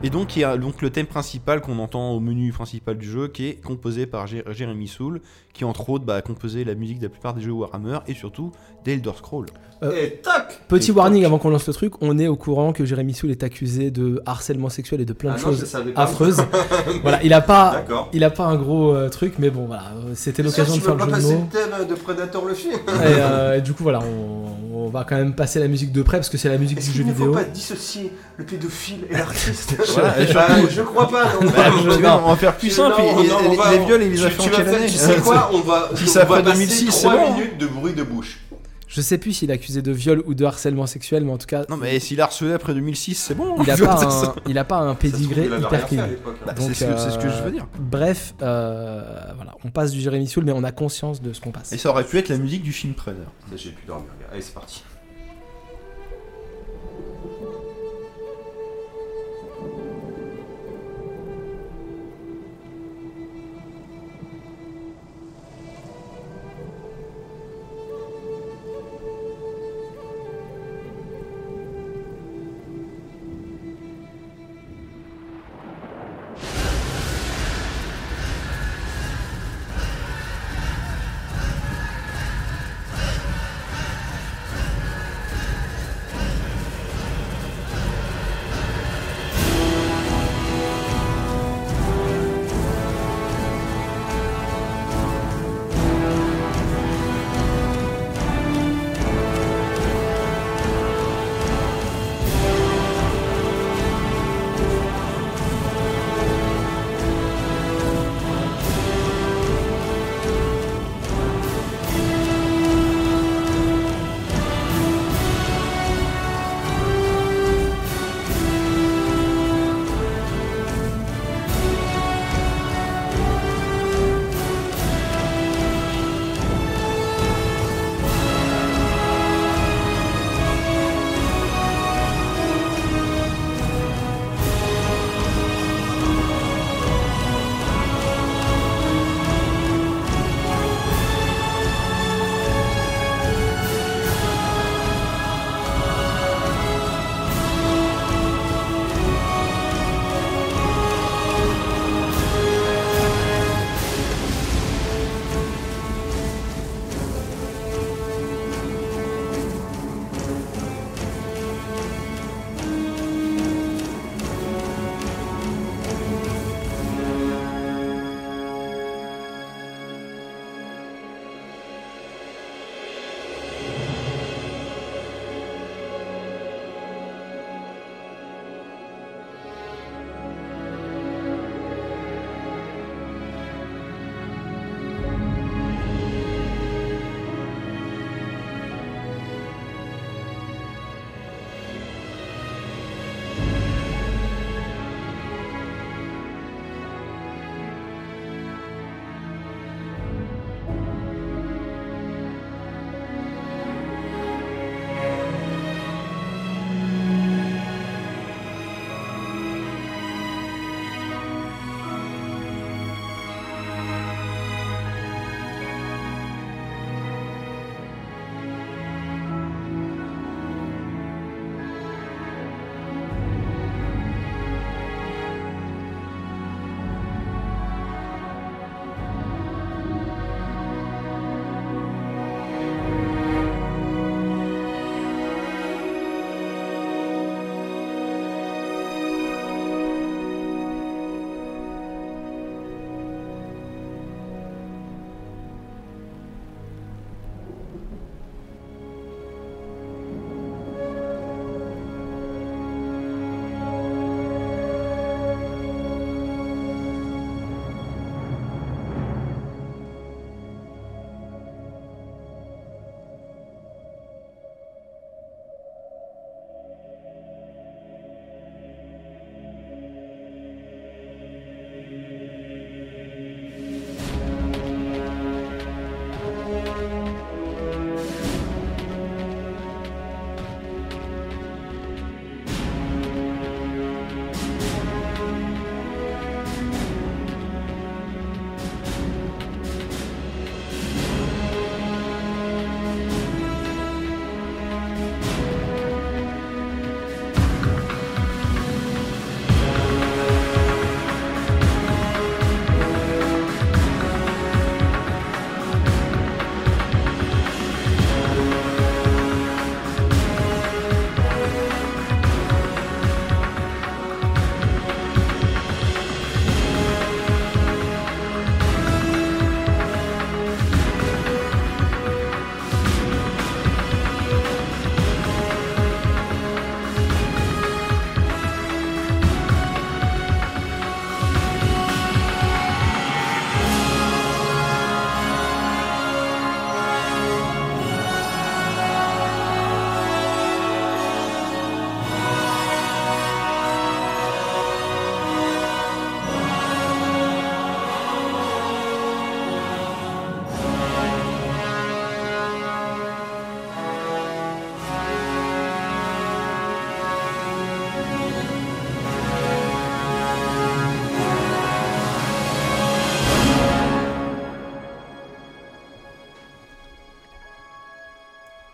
Speaker 3: Et donc il y a donc le thème principal qu'on entend au menu principal du jeu qui est composé par Jé- Jeremy Soule qui entre autres bah, a composé la musique de la plupart des jeux Warhammer et surtout des Elder Scrolls.
Speaker 1: Bah,
Speaker 3: euh,
Speaker 1: Et Eh, toc
Speaker 2: Petit
Speaker 3: Et-
Speaker 2: warning avant qu'on lance le truc, on est au courant que Jérémy Soul est accusé de harcèlement sexuel et de plein de
Speaker 1: Ah non, je
Speaker 2: choses
Speaker 1: savais pas.
Speaker 2: affreuses. voilà, il a pas,
Speaker 1: D'accord.
Speaker 2: il a pas un gros euh, truc, mais bon, voilà, euh, c'était l'occasion
Speaker 1: Tu
Speaker 2: de
Speaker 1: veux
Speaker 2: faire le
Speaker 1: pas
Speaker 2: jeu de
Speaker 1: passer
Speaker 2: mots.
Speaker 1: le thème de Predator le film
Speaker 2: Et, euh, et du coup, voilà, on, on va quand même passer la musique de près parce que c'est la musique
Speaker 1: Est-ce
Speaker 2: du jeu
Speaker 1: qu'il ne faut
Speaker 2: vidéo.
Speaker 1: pas dissocier le pédophile et l'artiste
Speaker 3: Voilà, et
Speaker 1: Bah, Je crois pas, non.
Speaker 3: Bah,
Speaker 2: je-
Speaker 3: tu vois, on va faire plus simple.
Speaker 1: Non,
Speaker 3: et- et-
Speaker 1: non, on
Speaker 3: les,
Speaker 1: va-
Speaker 3: les viols, il les a
Speaker 1: tu-
Speaker 3: fait en
Speaker 1: tu vas
Speaker 3: quelle
Speaker 1: faire-
Speaker 3: année
Speaker 1: Tu sais quoi On va,
Speaker 3: Si
Speaker 1: on
Speaker 3: ça
Speaker 1: va
Speaker 3: fait
Speaker 1: passer
Speaker 3: 2006, c'est
Speaker 1: 3
Speaker 3: bon.
Speaker 1: minutes de bruit de bouche.
Speaker 2: Je sais plus s'il est accusé de viol ou de harcèlement sexuel, mais en tout cas,
Speaker 3: Non mais s'il a harcelé après 2006, c'est bon.
Speaker 2: il, a
Speaker 3: Tu vois,
Speaker 2: pas
Speaker 3: ça-
Speaker 2: un, il a pas un
Speaker 1: Ça se trouve,
Speaker 2: pédigré
Speaker 1: il avait rien
Speaker 2: hyper
Speaker 1: fait à
Speaker 2: clean.
Speaker 1: l'époque, hein.
Speaker 3: Bah, c'est ce que- c'est ce que je veux dire.
Speaker 2: Bref, euh, voilà, on passe du Jérémy Soul, mais on a conscience de ce qu'on passe.
Speaker 3: Et ça aurait pu être la musique du film Predator.
Speaker 1: Ça, J'ai pu dormir, regarde. Allez, c'est parti.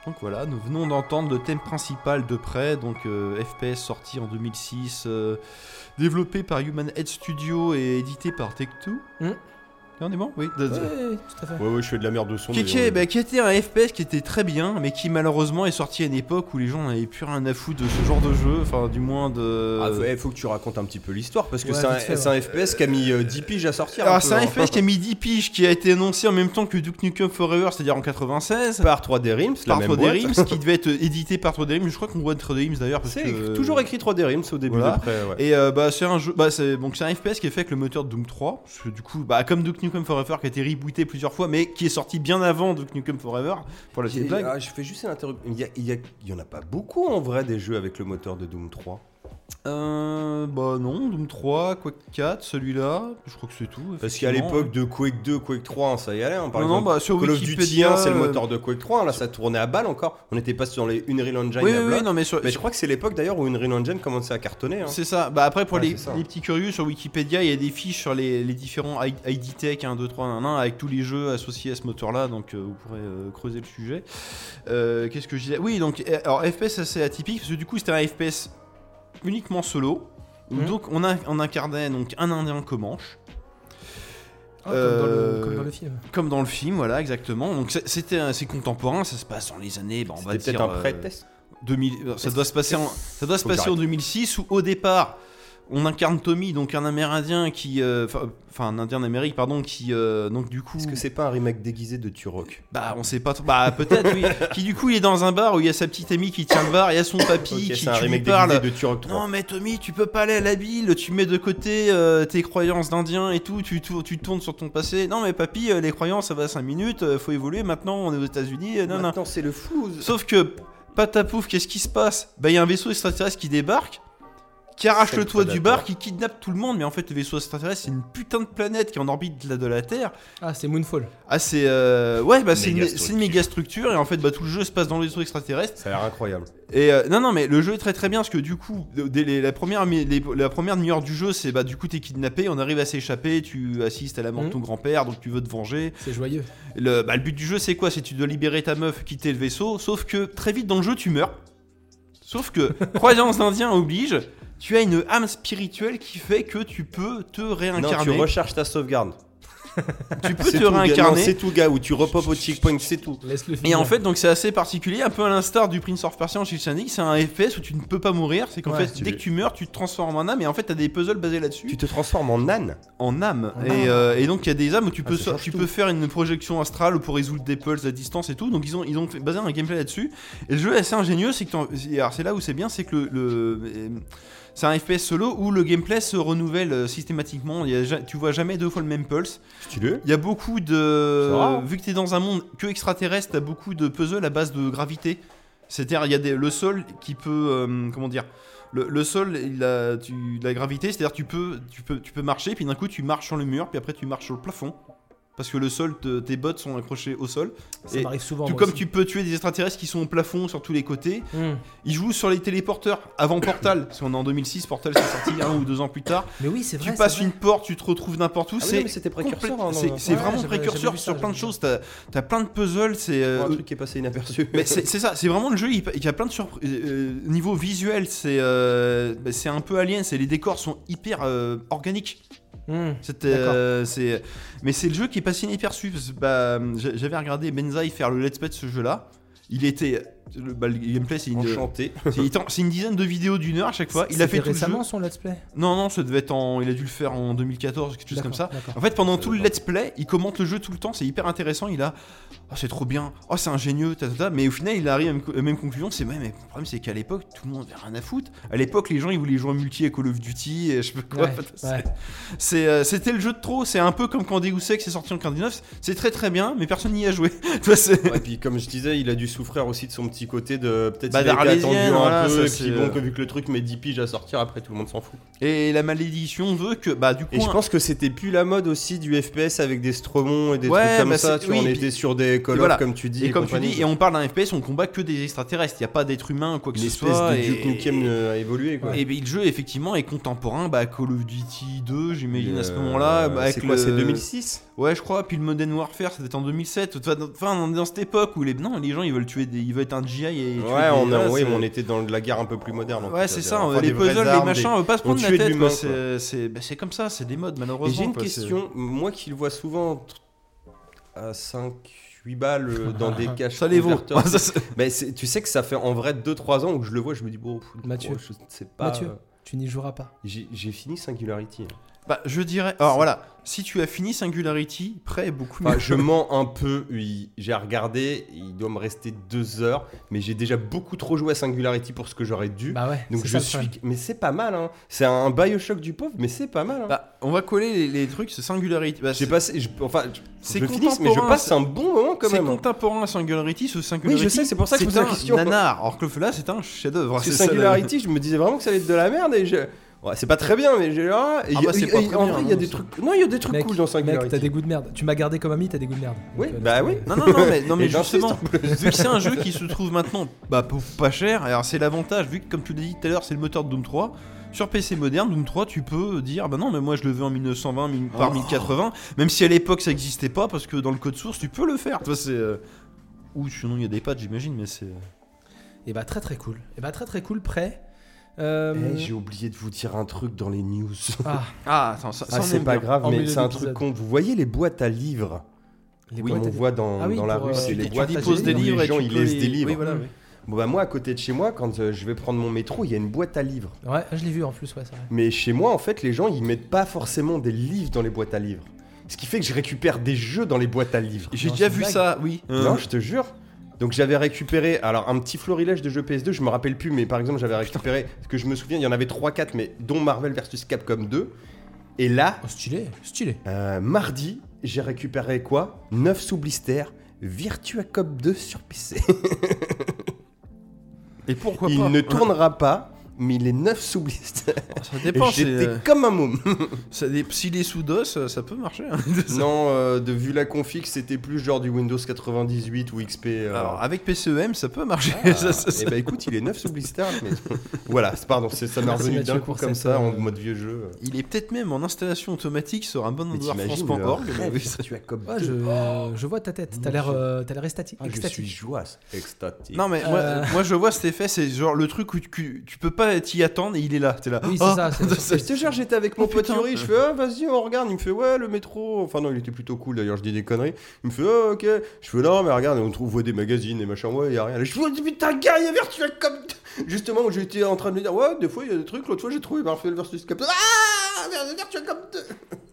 Speaker 3: Donc voilà, nous venons d'entendre le thème principal de près, donc euh, FPS sorti en 2006, euh, développé par Human Head Studio et édité par Tech2.
Speaker 1: Mm.
Speaker 2: Hmm.
Speaker 3: On est bon Oui.
Speaker 2: Ouais, ouais, tout à fait.
Speaker 1: Ouais, ouais, je fais de la merde de son.
Speaker 3: Qui,
Speaker 1: mais
Speaker 3: qui
Speaker 1: on
Speaker 3: est-
Speaker 1: est-
Speaker 3: bah, qui était un FPS qui était très bien, mais qui malheureusement est sorti à une époque où les gens n'avaient plus rien à foutre de ce genre de jeu, enfin du moins de...
Speaker 1: Ah, faut, eh, faut que tu racontes un petit peu l'histoire parce que
Speaker 2: Ouais,
Speaker 1: c'est un,
Speaker 2: vite fait,
Speaker 1: c'est un FPS qui a mis euh, 10 piges à sortir.
Speaker 3: Alors
Speaker 1: peu,
Speaker 3: Ah, c'est un
Speaker 1: hein.
Speaker 3: FPS qui a mis 10 piges, qui a été annoncé en même temps que Duke Nukem Forever, c'est-à-dire en 96.
Speaker 1: par 3D Rims, la
Speaker 3: par
Speaker 1: même
Speaker 3: 3D
Speaker 1: boîte.
Speaker 3: Rims, qui devait être édité par 3D Rims. Je crois qu'on voit 3D Rims d'ailleurs. parce
Speaker 1: C'est
Speaker 3: que-
Speaker 1: toujours écrit 3D Rims au début
Speaker 3: voilà.
Speaker 1: de près, ouais.
Speaker 3: Et euh, bah c'est un jeu, bah c'est donc c'est un FPS qui est fait avec le moteur de Doom 3, parce que du coup bah comme Duke Nukem Forever qui a été rebooté plusieurs fois, mais qui est sorti bien avant Duke Nukem Forever pour la petite
Speaker 1: J'ai-
Speaker 3: blague.
Speaker 1: ah, je fais juste une interruption. Il y, a- il y a- il y en a pas beaucoup en vrai des jeux avec le moteur de Doom 3.
Speaker 3: Euh, bah non, Doom 3, Quake 4, celui-là, je crois que c'est tout.
Speaker 1: Parce qu'à
Speaker 3: effectivement.
Speaker 1: l'époque de Quake 2, Quake 3, hein, ça y allait. hein, par
Speaker 3: non, non,
Speaker 1: exemple,
Speaker 3: bah sur
Speaker 1: Call of Duty
Speaker 3: Wikipédia,
Speaker 1: 1, c'est le
Speaker 3: euh,
Speaker 1: moteur de Quake 3. hein, là, ça tournait à balle encore. On était pas sur les Unreal Engine.
Speaker 3: euh, Oui,
Speaker 1: à
Speaker 3: oui,
Speaker 1: bloc.
Speaker 3: oui, non, mais sur,
Speaker 1: Mais je crois que c'est l'époque d'ailleurs où Unreal Engine commençait à cartonner. hein.
Speaker 3: C'est ça. Bah après pour
Speaker 1: Ouais,
Speaker 3: les,
Speaker 1: c'est ça.
Speaker 3: les petits curieux sur Wikipédia, il y a des fiches sur les, les différents I- ID Tech 1 2 3 1 1 avec tous les jeux associés à ce moteur là donc euh, vous pourrez euh, creuser le sujet. Euh, qu'est-ce que je disais Oui, donc euh, alors FPS assez atypique parce que du coup, c'était un FPS uniquement solo.
Speaker 1: Mmh.
Speaker 2: Mhm.
Speaker 3: Donc on, a, on incarnait donc un indien comanche
Speaker 2: Ah, comme, dans le,
Speaker 3: Euh,
Speaker 2: comme dans le film.
Speaker 3: comme dans le film voilà exactement donc c'est- c'était assez contemporain ça se passe dans les années bah, on va
Speaker 1: C'était
Speaker 3: dire
Speaker 1: peut-être un
Speaker 3: euh,
Speaker 1: pré-test.
Speaker 3: 2000, euh, ça doit se passer en, ça doit se
Speaker 1: Faut que
Speaker 3: passer en 2006 où au départ on incarne Tommy donc un Amérindien qui euh, enfin enfin, un Indien d'Amérique pardon qui euh, donc du coup
Speaker 1: Est-ce que c'est pas un remake déguisé de Turok
Speaker 3: bah on sait pas trop- bah peut-être oui qui du coup il est dans un bar où il y a sa petite amie qui tient le bar il y a son papy
Speaker 1: Ok,
Speaker 3: qui
Speaker 1: C'est un
Speaker 3: tu lui
Speaker 1: remake
Speaker 3: parle
Speaker 1: déguisé de Turok 3.
Speaker 3: non mais Tommy, tu peux pas aller à la ville, tu mets de côté euh, tes croyances d'Indien et tout, tu, tour- tu tournes sur ton passé. Non mais papy, euh, les croyances ça va 5 minutes, euh, faut évoluer, maintenant on est aux États-Unis, euh, non non.
Speaker 1: Maintenant, c'est le flou.
Speaker 3: Sauf que, patapouf, qu'est-ce qui se passe Bah, il y a un vaisseau extraterrestre qui débarque, qui arrache
Speaker 1: C'est
Speaker 3: le
Speaker 1: le
Speaker 3: toit du
Speaker 1: Predator.
Speaker 3: bar, qui kidnappe tout le monde, mais en fait, le vaisseau extraterrestre, c'est une putain de planète qui est en orbite de la, de la Terre.
Speaker 2: Ah, c'est Moonfall.
Speaker 3: Ah, c'est. euh, Ouais, bah, c'est une,
Speaker 1: Méga
Speaker 3: c'est une méga structure, et en fait, bah, tout le jeu se passe dans le vaisseau extraterrestre.
Speaker 1: Ça a l'air incroyable.
Speaker 3: Et euh, non, non, mais le jeu est très très bien parce que du coup, dès les- la première, mi- les- la première demi-heure du jeu, c'est bah du coup t'es kidnappé, on arrive à s'échapper, tu assistes à la mort de
Speaker 2: Mhm.
Speaker 3: ton grand-père, donc tu veux te venger.
Speaker 2: C'est joyeux.
Speaker 3: Le, bah, le but du jeu, c'est quoi C'est tu dois libérer ta meuf, quitter le vaisseau. Sauf que très vite dans le jeu, tu meurs. Sauf que croyance d'Indien oblige. Tu as une âme spirituelle qui fait que tu peux te
Speaker 1: Non, tu
Speaker 3: réincarner.
Speaker 1: recherches ta sauvegarde.
Speaker 3: tu, peux
Speaker 1: C'est
Speaker 3: te
Speaker 1: tout, gars. Non, C'est
Speaker 3: réincarner.
Speaker 1: tout, gars, ou tu repopes au checkpoint, c'est tout.
Speaker 2: Laisse le
Speaker 3: Et
Speaker 2: finir.
Speaker 3: en fait, donc c'est assez particulier, un peu à l'instar du Prince of Persia en Shinshanik, c'est un FPS où tu ne peux pas mourir. C'est qu'en
Speaker 2: Ouais,
Speaker 3: fait,
Speaker 1: tu
Speaker 3: dès
Speaker 1: veux-
Speaker 3: que tu meurs, tu te transformes en âme. Et en fait, t'as des puzzles basés là-dessus.
Speaker 1: Tu te transformes en âne.
Speaker 3: en âme.
Speaker 2: En âme.
Speaker 3: et, euh, et donc il y a des âmes où tu
Speaker 1: Ah,
Speaker 3: peux,
Speaker 1: ça
Speaker 3: so-
Speaker 1: change
Speaker 3: tu
Speaker 1: tout.
Speaker 3: peux faire une projection astrale pour résoudre des pulses à distance et tout. Donc ils ont, ils ont fait, basé un gameplay là-dessus. Et le jeu est assez ingénieux, c'est que t'en- c'est- alors, c'est là où c'est bien, c'est que le, le- euh, c'est un FPS solo où le gameplay se renouvelle euh, systématiquement. Il y a ja- tu vois jamais deux fois le même pulse.
Speaker 1: Stylé.
Speaker 3: Il y a beaucoup de.
Speaker 1: C'est
Speaker 2: hein.
Speaker 1: rare.
Speaker 3: Vu que t'es dans un monde que extraterrestre, t'as beaucoup de puzzles à base de gravité. C'est-à-dire, il y a des- le sol qui peut. euh, comment dire le, le sol, il a tu- de la gravité, c'est-à-dire tu peux, tu, peux, tu peux marcher, puis d'un coup tu marches sur le mur, puis après tu marches sur le plafond. Parce que le sol, te- tes bottes sont accrochées au sol.
Speaker 2: ça
Speaker 3: et
Speaker 2: m'arrive souvent.
Speaker 3: Tout
Speaker 2: Oh, moi
Speaker 3: comme
Speaker 2: aussi.
Speaker 3: tu peux tuer des extraterrestres qui sont au plafond sur tous les côtés.
Speaker 2: Hum.
Speaker 3: Ils jouent sur les téléporteurs avant Portal. parce qu'on est en 2006, Portal c'est sorti un ou deux ans plus tard.
Speaker 2: Mais oui, c'est vrai.
Speaker 3: tu
Speaker 2: c'est
Speaker 3: passes
Speaker 2: vrai.
Speaker 3: une porte, tu te retrouves n'importe où.
Speaker 1: Ah oui,
Speaker 3: c'est
Speaker 1: non, mais c'était
Speaker 3: Complète-
Speaker 1: précurseur. hein, dans-
Speaker 3: c'est c'est
Speaker 2: Ouais,
Speaker 3: vraiment
Speaker 2: j'avais- j'avais
Speaker 3: précurseur
Speaker 2: vu ça,
Speaker 3: sur plein de
Speaker 2: j'avais vu
Speaker 3: choses. T'as as plein de puzzles. C'est euh,
Speaker 1: Un truc qui est passé inaperçu.
Speaker 3: mais c'est c'est ça. C'est vraiment le jeu. Il, il y a plein de surprises. euh, niveau visuel, c'est euh, bah, c'est un peu alien. C'est les décors sont hyper euh, organiques.
Speaker 2: Hum.
Speaker 3: C'était, euh, c'est mais c'est le jeu qui est passé inaperçu. parce que, bah, j'a- J'avais regardé Benzaï faire le let's play de ce jeu-là. Il était le, bah, le gameplay, c'est une,
Speaker 1: Enchanté.
Speaker 3: c'est- attends, c'est une dizaine de vidéos d'une heure à chaque fois. Il
Speaker 2: Ça
Speaker 3: a fait tout le jeu.
Speaker 2: récemment son let's play.
Speaker 3: Non, non, ça devait être en, il a dû le faire en 2014, quelque chose comme
Speaker 2: D'accord,
Speaker 3: ça.
Speaker 2: d'accord.
Speaker 3: En fait, pendant tout le let's play, il commente le jeu tout le temps, c'est hyper intéressant. Il a, oh, c'est trop bien, oh, c'est ingénieux, ta, ta, ta. mais au final, il arrive à la même co- à la même conclusion. C'est ouais, mais le problème, c'est qu'à l'époque, tout le monde avait rien à foutre. À l'époque, les gens, ils voulaient jouer en multi à Call of Duty, et je sais pas quoi.
Speaker 2: Ouais,
Speaker 3: C'est-
Speaker 2: ouais.
Speaker 3: c'est, euh, c'était le jeu de trop. C'est un peu comme quand Deus Ex est sorti en 99. C'est très très bien, mais personne n'y a joué. Tu vois, c'est-
Speaker 1: Et puis, comme je disais, il a dû souffrir aussi de son petit côté de peut-être
Speaker 3: Bah,
Speaker 1: il a été
Speaker 3: d'Arlésienne,
Speaker 1: attendu un
Speaker 3: voilà,
Speaker 1: peu,
Speaker 3: ça,
Speaker 1: et puis
Speaker 3: c'est-
Speaker 1: bon que vu que le truc met 10 piges à sortir après tout le monde s'en fout.
Speaker 3: Et la malédiction veut que, bah, du coup.
Speaker 1: Et je pense que c'était plus la mode aussi du FPS avec des stromons et des
Speaker 3: Ouais,
Speaker 1: trucs comme
Speaker 3: bah,
Speaker 1: ça.
Speaker 3: c'est-
Speaker 1: Tu
Speaker 3: oui,
Speaker 1: en
Speaker 3: puis-
Speaker 1: étais sur des colloques,
Speaker 3: voilà.
Speaker 1: comme tu dis.
Speaker 3: et comme tu
Speaker 1: compagnie.
Speaker 3: dis, et on parle d'un FPS, on combat que des extraterrestres. Il n'y a pas d'être humain ou quoi que
Speaker 1: une
Speaker 3: ce
Speaker 1: espèce
Speaker 3: soit.
Speaker 1: de
Speaker 3: et-
Speaker 1: Duke Nukem euh, a évolué quoi.
Speaker 3: Et bien, le jeu, effectivement, est contemporain bah, Call of Duty 2, j'imagine, à ce
Speaker 1: Euh,
Speaker 3: moment-là. bah, avec
Speaker 1: c'est quoi,
Speaker 3: le-
Speaker 1: c'est 2006
Speaker 3: Ouais, je crois. Puis le Modern Warfare, c'était en 2007. Enfin, dans- Enfin, on est dans cette époque où les, non, les gens, ils veulent tuer des... Ils veulent être un GI et tuer
Speaker 1: Ouais, on,
Speaker 3: des
Speaker 1: a-
Speaker 3: gars,
Speaker 1: oui,
Speaker 3: c'est-
Speaker 1: mais on était dans de la guerre un peu plus moderne. en tout
Speaker 3: Ouais,
Speaker 1: cas,
Speaker 3: c'est
Speaker 1: des-
Speaker 3: ça,
Speaker 1: enfin,
Speaker 3: les
Speaker 1: des vraies
Speaker 3: puzzles, les
Speaker 1: armes,
Speaker 3: machins, on veut pas se
Speaker 1: on
Speaker 3: prendre la
Speaker 1: tuait de
Speaker 3: tête.
Speaker 1: l'humain,
Speaker 3: quoi,
Speaker 1: quoi.
Speaker 3: C'est c'est- bah, c'est comme ça, c'est des modes
Speaker 1: Mais
Speaker 3: malheureusement.
Speaker 1: j'ai une
Speaker 3: quoi, c'est-
Speaker 1: question, moi qui le vois souvent à 5 8 balles euh, dans des caches
Speaker 3: Ça les vaut.
Speaker 1: converteurs. mais c'est- tu sais que ça fait en vrai 2 3 ans où je le vois, je me dis bon, pff, oh,
Speaker 2: Mathieu.
Speaker 1: je sais pas.
Speaker 2: Mathieu.
Speaker 1: euh,
Speaker 2: Tu n'y joueras pas.
Speaker 1: J'ai j'ai fini Singularity.
Speaker 3: Bah, je dirais. Alors voilà, si tu as fini Singularity, prêt, beaucoup
Speaker 1: Enfin,
Speaker 3: mieux.
Speaker 1: je mens un peu, oui, j'ai regardé, il doit me rester 2 heures, mais j'ai déjà beaucoup trop joué à Singularity pour ce que j'aurais
Speaker 3: Mmh.
Speaker 1: dû.
Speaker 2: Bah ouais.
Speaker 1: Donc
Speaker 2: c'est
Speaker 1: je
Speaker 2: ça, le
Speaker 1: suis mais c'est pas mal hein. C'est un BioShock du pauvre mais c'est pas mal hein.
Speaker 3: Bah, on va coller les, les trucs, c'est Singularity. Bah,
Speaker 1: j'ai
Speaker 3: c'est-
Speaker 1: passé je- enfin je-
Speaker 3: C'est
Speaker 1: je finisse mais je
Speaker 3: contemporain,
Speaker 1: passe
Speaker 3: c'est-
Speaker 1: un bon moment quand
Speaker 3: C'est
Speaker 1: même. hein.
Speaker 3: contemporain à Singularity, ce
Speaker 1: Oui,
Speaker 3: Singularity.
Speaker 1: je sais, c'est pour ça que je pose
Speaker 3: c'est
Speaker 1: la
Speaker 3: un
Speaker 1: question.
Speaker 3: nanar. Alors que là, c'est un chef-d'œuvre.
Speaker 1: Parce que
Speaker 3: c'est ça, la-
Speaker 1: Singularity, je me disais vraiment que ça allait être de la merde et je. Ouais, c'est pas très bien, mais j'ai là.
Speaker 3: Ah
Speaker 1: Et y a-
Speaker 3: bah, c'est
Speaker 1: et-
Speaker 3: pas
Speaker 1: et-
Speaker 3: très
Speaker 1: en
Speaker 3: bien,
Speaker 1: vrai, il y a
Speaker 3: non,
Speaker 1: des
Speaker 3: ça.
Speaker 1: trucs. Non, il y a des trucs
Speaker 2: Mec,
Speaker 1: cool dans
Speaker 2: Mec,
Speaker 1: Singularity.
Speaker 2: t'as des goûts de merde. Tu m'as gardé comme ami, t'as des goûts de merde.
Speaker 1: Oui,
Speaker 2: Donc, euh,
Speaker 1: bah
Speaker 2: laisse
Speaker 1: oui.
Speaker 2: tomber.
Speaker 3: Non, non, non, mais, non, mais
Speaker 1: Et j'insiste,
Speaker 3: justement, vu que c'est un jeu qui se trouve maintenant bah, pas, pas cher, alors c'est l'avantage, vu que comme tu l'as dit tout à l'heure, c'est le moteur de Doom 3. Sur PC moderne, Doom 3, tu peux dire bah non, mais moi je le veux en 1920 mille- par 1080, même si à l'époque ça n'existait pas, parce que dans le code source, tu peux le faire. Toi, c'est. euh, Ou sinon, il y a des pads, j'imagine, mais c'est.
Speaker 2: Et bah très très cool. Et bah très très cool, prêt. Euh,
Speaker 1: Eh, J'ai oublié de vous dire un truc dans les news.
Speaker 2: Ah,
Speaker 3: Ah, attends, ça,
Speaker 1: Ah, c'est pas grave,
Speaker 2: en
Speaker 1: mais
Speaker 2: milieu
Speaker 1: c'est un
Speaker 2: d'épisode.
Speaker 1: truc con. Vous voyez les boîtes à livres
Speaker 2: les
Speaker 1: Oui,
Speaker 2: boîtes
Speaker 1: on
Speaker 2: à-
Speaker 1: voit dans,
Speaker 2: Ah oui,
Speaker 1: dans la
Speaker 2: pour,
Speaker 1: rue,
Speaker 2: euh,
Speaker 1: c'est
Speaker 2: tu-
Speaker 1: les
Speaker 2: tu
Speaker 1: boîtes à
Speaker 2: déposes
Speaker 1: livres.
Speaker 2: des
Speaker 1: où
Speaker 3: livres
Speaker 1: Les
Speaker 3: et
Speaker 1: gens,
Speaker 3: tu
Speaker 1: ils
Speaker 3: peux
Speaker 1: laissent
Speaker 3: les-
Speaker 1: des livres.
Speaker 3: oui, voilà, oui.
Speaker 1: Bon, bah, moi, à côté de chez moi, quand euh, je vais prendre mon métro, il y a une boîte à livres.
Speaker 2: Ouais, je l'ai vu en plus, ouais, c'est vrai.
Speaker 1: Mais chez moi, en fait, les gens, ils mettent pas forcément des livres dans les boîtes à livres. Ce qui fait que je récupère des jeux dans les boîtes à livres.
Speaker 3: J'ai
Speaker 2: Non,
Speaker 3: déjà
Speaker 2: c'est
Speaker 3: vu
Speaker 2: une blague.
Speaker 3: ça, oui. Euh,
Speaker 1: Non, je te jure. Donc j'avais récupéré alors un petit florilège de jeux PS2, je me rappelle plus mais par exemple, j'avais récupéré ce que je me souviens, il y en avait 3 4 mais dont Marvel vs Capcom 2 et là
Speaker 2: Oh, stylé, stylé.
Speaker 1: euh, mardi, j'ai récupéré quoi 9 sous blister Virtua Cop 2 sur PC.
Speaker 3: Et pourquoi
Speaker 1: il
Speaker 3: pas
Speaker 1: ne tournera pas mais il est 9 sous blister.
Speaker 3: Ça
Speaker 1: Et
Speaker 3: dépend, c'est,
Speaker 1: J'étais
Speaker 3: euh,
Speaker 1: comme un môme.
Speaker 3: ça dé- s'il est sous DOS, euh, ça peut marcher. hein.
Speaker 1: non, euh, de vu la config, c'était plus genre du Windows 98 ou XP. euh,
Speaker 3: Alors, avec PCEM, ça peut marcher.
Speaker 1: Ah,
Speaker 3: ça, ça, ça-
Speaker 1: eh ben écoute, il est neuf sous blister. Mais... voilà, c'est- pardon, c'est- ça m'est
Speaker 2: Merci
Speaker 1: revenu
Speaker 2: Mathieu
Speaker 1: d'un coup
Speaker 2: pour
Speaker 1: comme
Speaker 2: cette,
Speaker 1: ça en
Speaker 2: euh,
Speaker 1: mode vieux jeu.
Speaker 3: Il est peut-être même en installation automatique sur un bon
Speaker 1: Mais
Speaker 3: endroit
Speaker 1: t'imagines euh, le
Speaker 3: france.org.
Speaker 1: rêve
Speaker 3: Oui, ça-
Speaker 1: Virtua Cop
Speaker 2: Ouais,
Speaker 1: 2.
Speaker 2: Ah, je,
Speaker 3: Oh
Speaker 2: je vois ta tête. T'as
Speaker 1: Mon
Speaker 2: l'air,
Speaker 1: Dieu.
Speaker 2: euh, t'as l'air extatique.
Speaker 1: Ah, je suis
Speaker 2: extatique.
Speaker 1: joyeux, extatique.
Speaker 3: Non mais
Speaker 2: Euh.
Speaker 3: moi, moi, je vois cet effet, c'est genre le truc où tu, tu peux pas t'y attendre et il est là, t'es là.
Speaker 2: Oui, c'est
Speaker 3: Ah,
Speaker 2: ça, c'est-
Speaker 1: Je te jure, j'étais avec mon
Speaker 3: Oh,
Speaker 1: pote
Speaker 3: putain.
Speaker 1: Yuri, je fais ah, vas-y, on regarde. Il me fait ouais, le métro. Enfin, non, il était plutôt cool d'ailleurs, je dis des conneries. Il me fait ah, ok. Je fais non, mais regarde, on trouve ouais, des magazines, des machins, ouais, y a rien. Et je fais oh, putain, gars, y a Virtua Cop. Justement, où j'étais en train de me dire ouais, des fois, il y a des trucs. L'autre fois, j'ai trouvé Marvel vs Capcom. Ah, merde, Virtua Cop 2.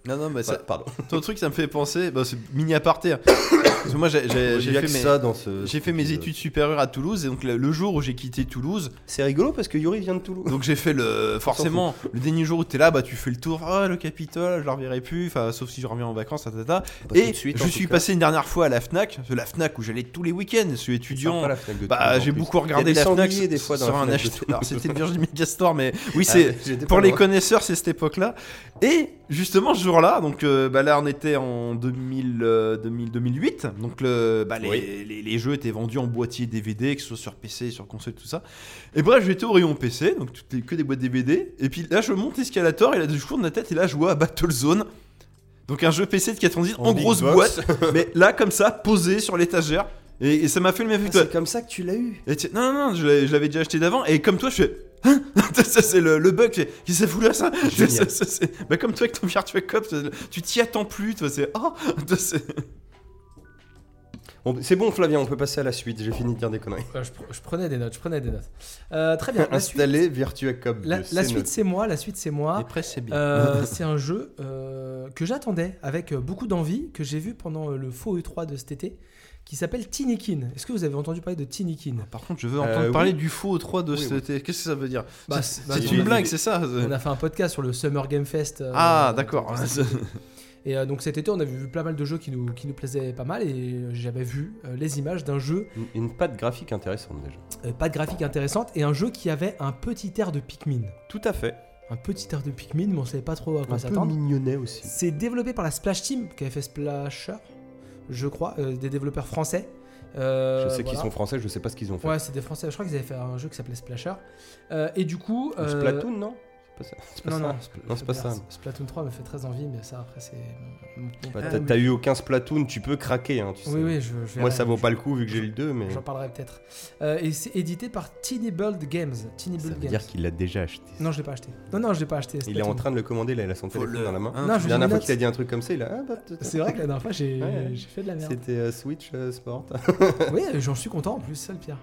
Speaker 3: Non non mais ça-
Speaker 1: Voilà, pardon.
Speaker 3: ton truc ça me fait penser, bah, c'est mini aparté. hein. Parce que moi j'ai- j'ai j'ai
Speaker 1: Il y a
Speaker 3: fait,
Speaker 1: que
Speaker 3: mes-
Speaker 1: ça dans ce.
Speaker 3: j'ai fait mes
Speaker 1: études
Speaker 3: études supérieures à Toulouse et donc le, le jour où j'ai quitté Toulouse,
Speaker 1: C'est rigolo parce que Yuri vient de Toulouse.
Speaker 3: donc j'ai fait le forcément le dernier jour où t'es là, bah tu fais le tour, ah le Capitole, je le reverrai plus, enfin sauf si je reviens en vacances, ta, ta, ta. Et je suis passé une dernière fois à la Fnac, la Fnac où j'allais tous les week-ends, je suis étudiant. Bah, j'ai beaucoup regardé la Fnac
Speaker 1: des fois dans
Speaker 3: sur
Speaker 1: la
Speaker 3: un
Speaker 1: Fnac de
Speaker 3: achat-
Speaker 1: Toulouse.
Speaker 3: Alors, c'était le Virgin Megastore, mais oui,
Speaker 1: Ah,
Speaker 3: c'est
Speaker 1: j'étais pas
Speaker 3: pour les
Speaker 1: loin.
Speaker 3: connaisseurs, c'est cette époque-là. Et justement, ce jour-là, donc euh, bah, là, on était en 2000, euh, 2000, 2008. Donc le, bah, les,
Speaker 1: Oui.
Speaker 3: les- les jeux étaient vendus en boîtier DVD, que ce soit sur PC, sur console, tout ça. Et bref, j'étais au rayon PC, donc toutes les- que des boîtes DVD. Et puis là, je monte escalator, et là, je tourne la tête, et là, je vois Battlezone. Donc un jeu PC de 90 en,
Speaker 1: En big
Speaker 3: grosse
Speaker 1: box.
Speaker 3: boîte, mais là comme ça, posé sur l'étagère. Et, et ça m'a fait le même effet
Speaker 1: Ah,
Speaker 3: que toi.
Speaker 1: C'est comme ça que tu l'as eu.
Speaker 3: Et tu- non, non, non, je l'avais, je l'avais déjà acheté d'avant, et comme toi, je fais. Hein ça, c'est le, le bug, tu fais, qu'est-ce que ça fout là, ça
Speaker 1: Génial.
Speaker 3: Ça, ça, c'est- bah, Comme toi, avec ton Virtua Cop, tu- tu t'y attends plus, toi, c'est. Oh toi, c'est-
Speaker 1: Bon, C'est bon, Flavien, on peut passer à la suite. J'ai fini de dire des conneries.
Speaker 2: Euh, je, pre- je prenais des notes, je prenais des notes. Euh, très bien. La suite,
Speaker 1: Installer Virtua Cop.
Speaker 2: la,
Speaker 1: 2,
Speaker 2: la
Speaker 1: c'est
Speaker 2: suite,
Speaker 1: noté.
Speaker 2: c'est moi. La suite, c'est moi.
Speaker 3: après, c'est bien.
Speaker 2: Euh, c'est un jeu euh, que j'attendais avec euh, beaucoup d'envie, que j'ai vu pendant euh, le faux E3 de cet été, qui s'appelle Tinikin. Est-ce que vous avez entendu parler de Tinikin
Speaker 3: Par contre, je veux entendre
Speaker 1: oui.
Speaker 3: parler du faux 3 de
Speaker 1: Oui,
Speaker 3: cet été. Qu'est-ce que ça veut dire
Speaker 2: Bah,
Speaker 3: C'est,
Speaker 2: bah,
Speaker 3: c'est Ah,
Speaker 2: on
Speaker 3: une
Speaker 2: a-
Speaker 3: blague, c'est ça
Speaker 2: On a fait un podcast sur le Summer Game Fest. euh,
Speaker 3: Ah, d'accord.
Speaker 2: Et euh, donc cet été, on avait vu pas mal de jeux qui nous, qui nous plaisaient pas mal. Et euh, j'avais vu euh, les images d'un jeu,
Speaker 1: Une, une patte graphique intéressante déjà.
Speaker 2: euh, pas de graphique intéressante, et un jeu qui avait un petit air de Pikmin.
Speaker 1: Tout à fait.
Speaker 2: Un petit air de Pikmin, mais on savait pas trop à quoi
Speaker 1: Un peu
Speaker 2: s'attendre.
Speaker 1: mignonnet aussi.
Speaker 2: C'est développé par la Splash Team, qui avait fait Splasher, je crois, euh, des développeurs français. Euh,
Speaker 1: Je sais qu'ils
Speaker 2: voilà.
Speaker 1: sont français, je sais pas ce qu'ils ont fait.
Speaker 2: Ouais, c'est des français. Je crois qu'ils avaient fait un jeu qui s'appelait Splasher. Euh, et du coup.
Speaker 1: Ou
Speaker 2: euh,
Speaker 1: Splatoon, non C'est pas ça. C'est pas
Speaker 2: non,
Speaker 1: ça. Bah,
Speaker 2: non,
Speaker 1: Non, c'est pas ça.
Speaker 2: Splatoon 3 me fait très envie, mais ça, après, c'est. mon- mon-
Speaker 1: Bah,
Speaker 2: Ah,
Speaker 1: t'as
Speaker 2: mais-
Speaker 1: t'as eu aucun Splatoon, tu peux craquer. Hein, tu sais.
Speaker 2: Oui, oui, je, je
Speaker 1: Moi,
Speaker 2: verrai.
Speaker 1: ça vaut pas le coup vu que j'ai le 2, mais
Speaker 2: J'en parlerai peut-être. Euh, et c'est édité par Tinybald Games. Tinybald
Speaker 1: ça veut
Speaker 2: Games.
Speaker 1: dire qu'il l'a déjà acheté.
Speaker 2: Non, je l'ai pas acheté. Non, non, je l'ai pas acheté.
Speaker 1: Il est
Speaker 2: Splatoon.
Speaker 1: en train de le commander, là, il a son téléphone dans la main.
Speaker 3: Hein?
Speaker 2: Non,
Speaker 1: La
Speaker 2: Ah, je
Speaker 1: dernière
Speaker 2: lui
Speaker 1: fois
Speaker 2: note.
Speaker 1: qu'il a dit un truc comme ça, il a. Ah, bah, t- t-
Speaker 2: C'est vrai que la dernière fois, j'ai
Speaker 1: Ouais.
Speaker 2: j'ai fait de la merde.
Speaker 1: C'était euh, Switch euh, Sport.
Speaker 2: Oui, j'en suis content en plus, c'est ça le pire.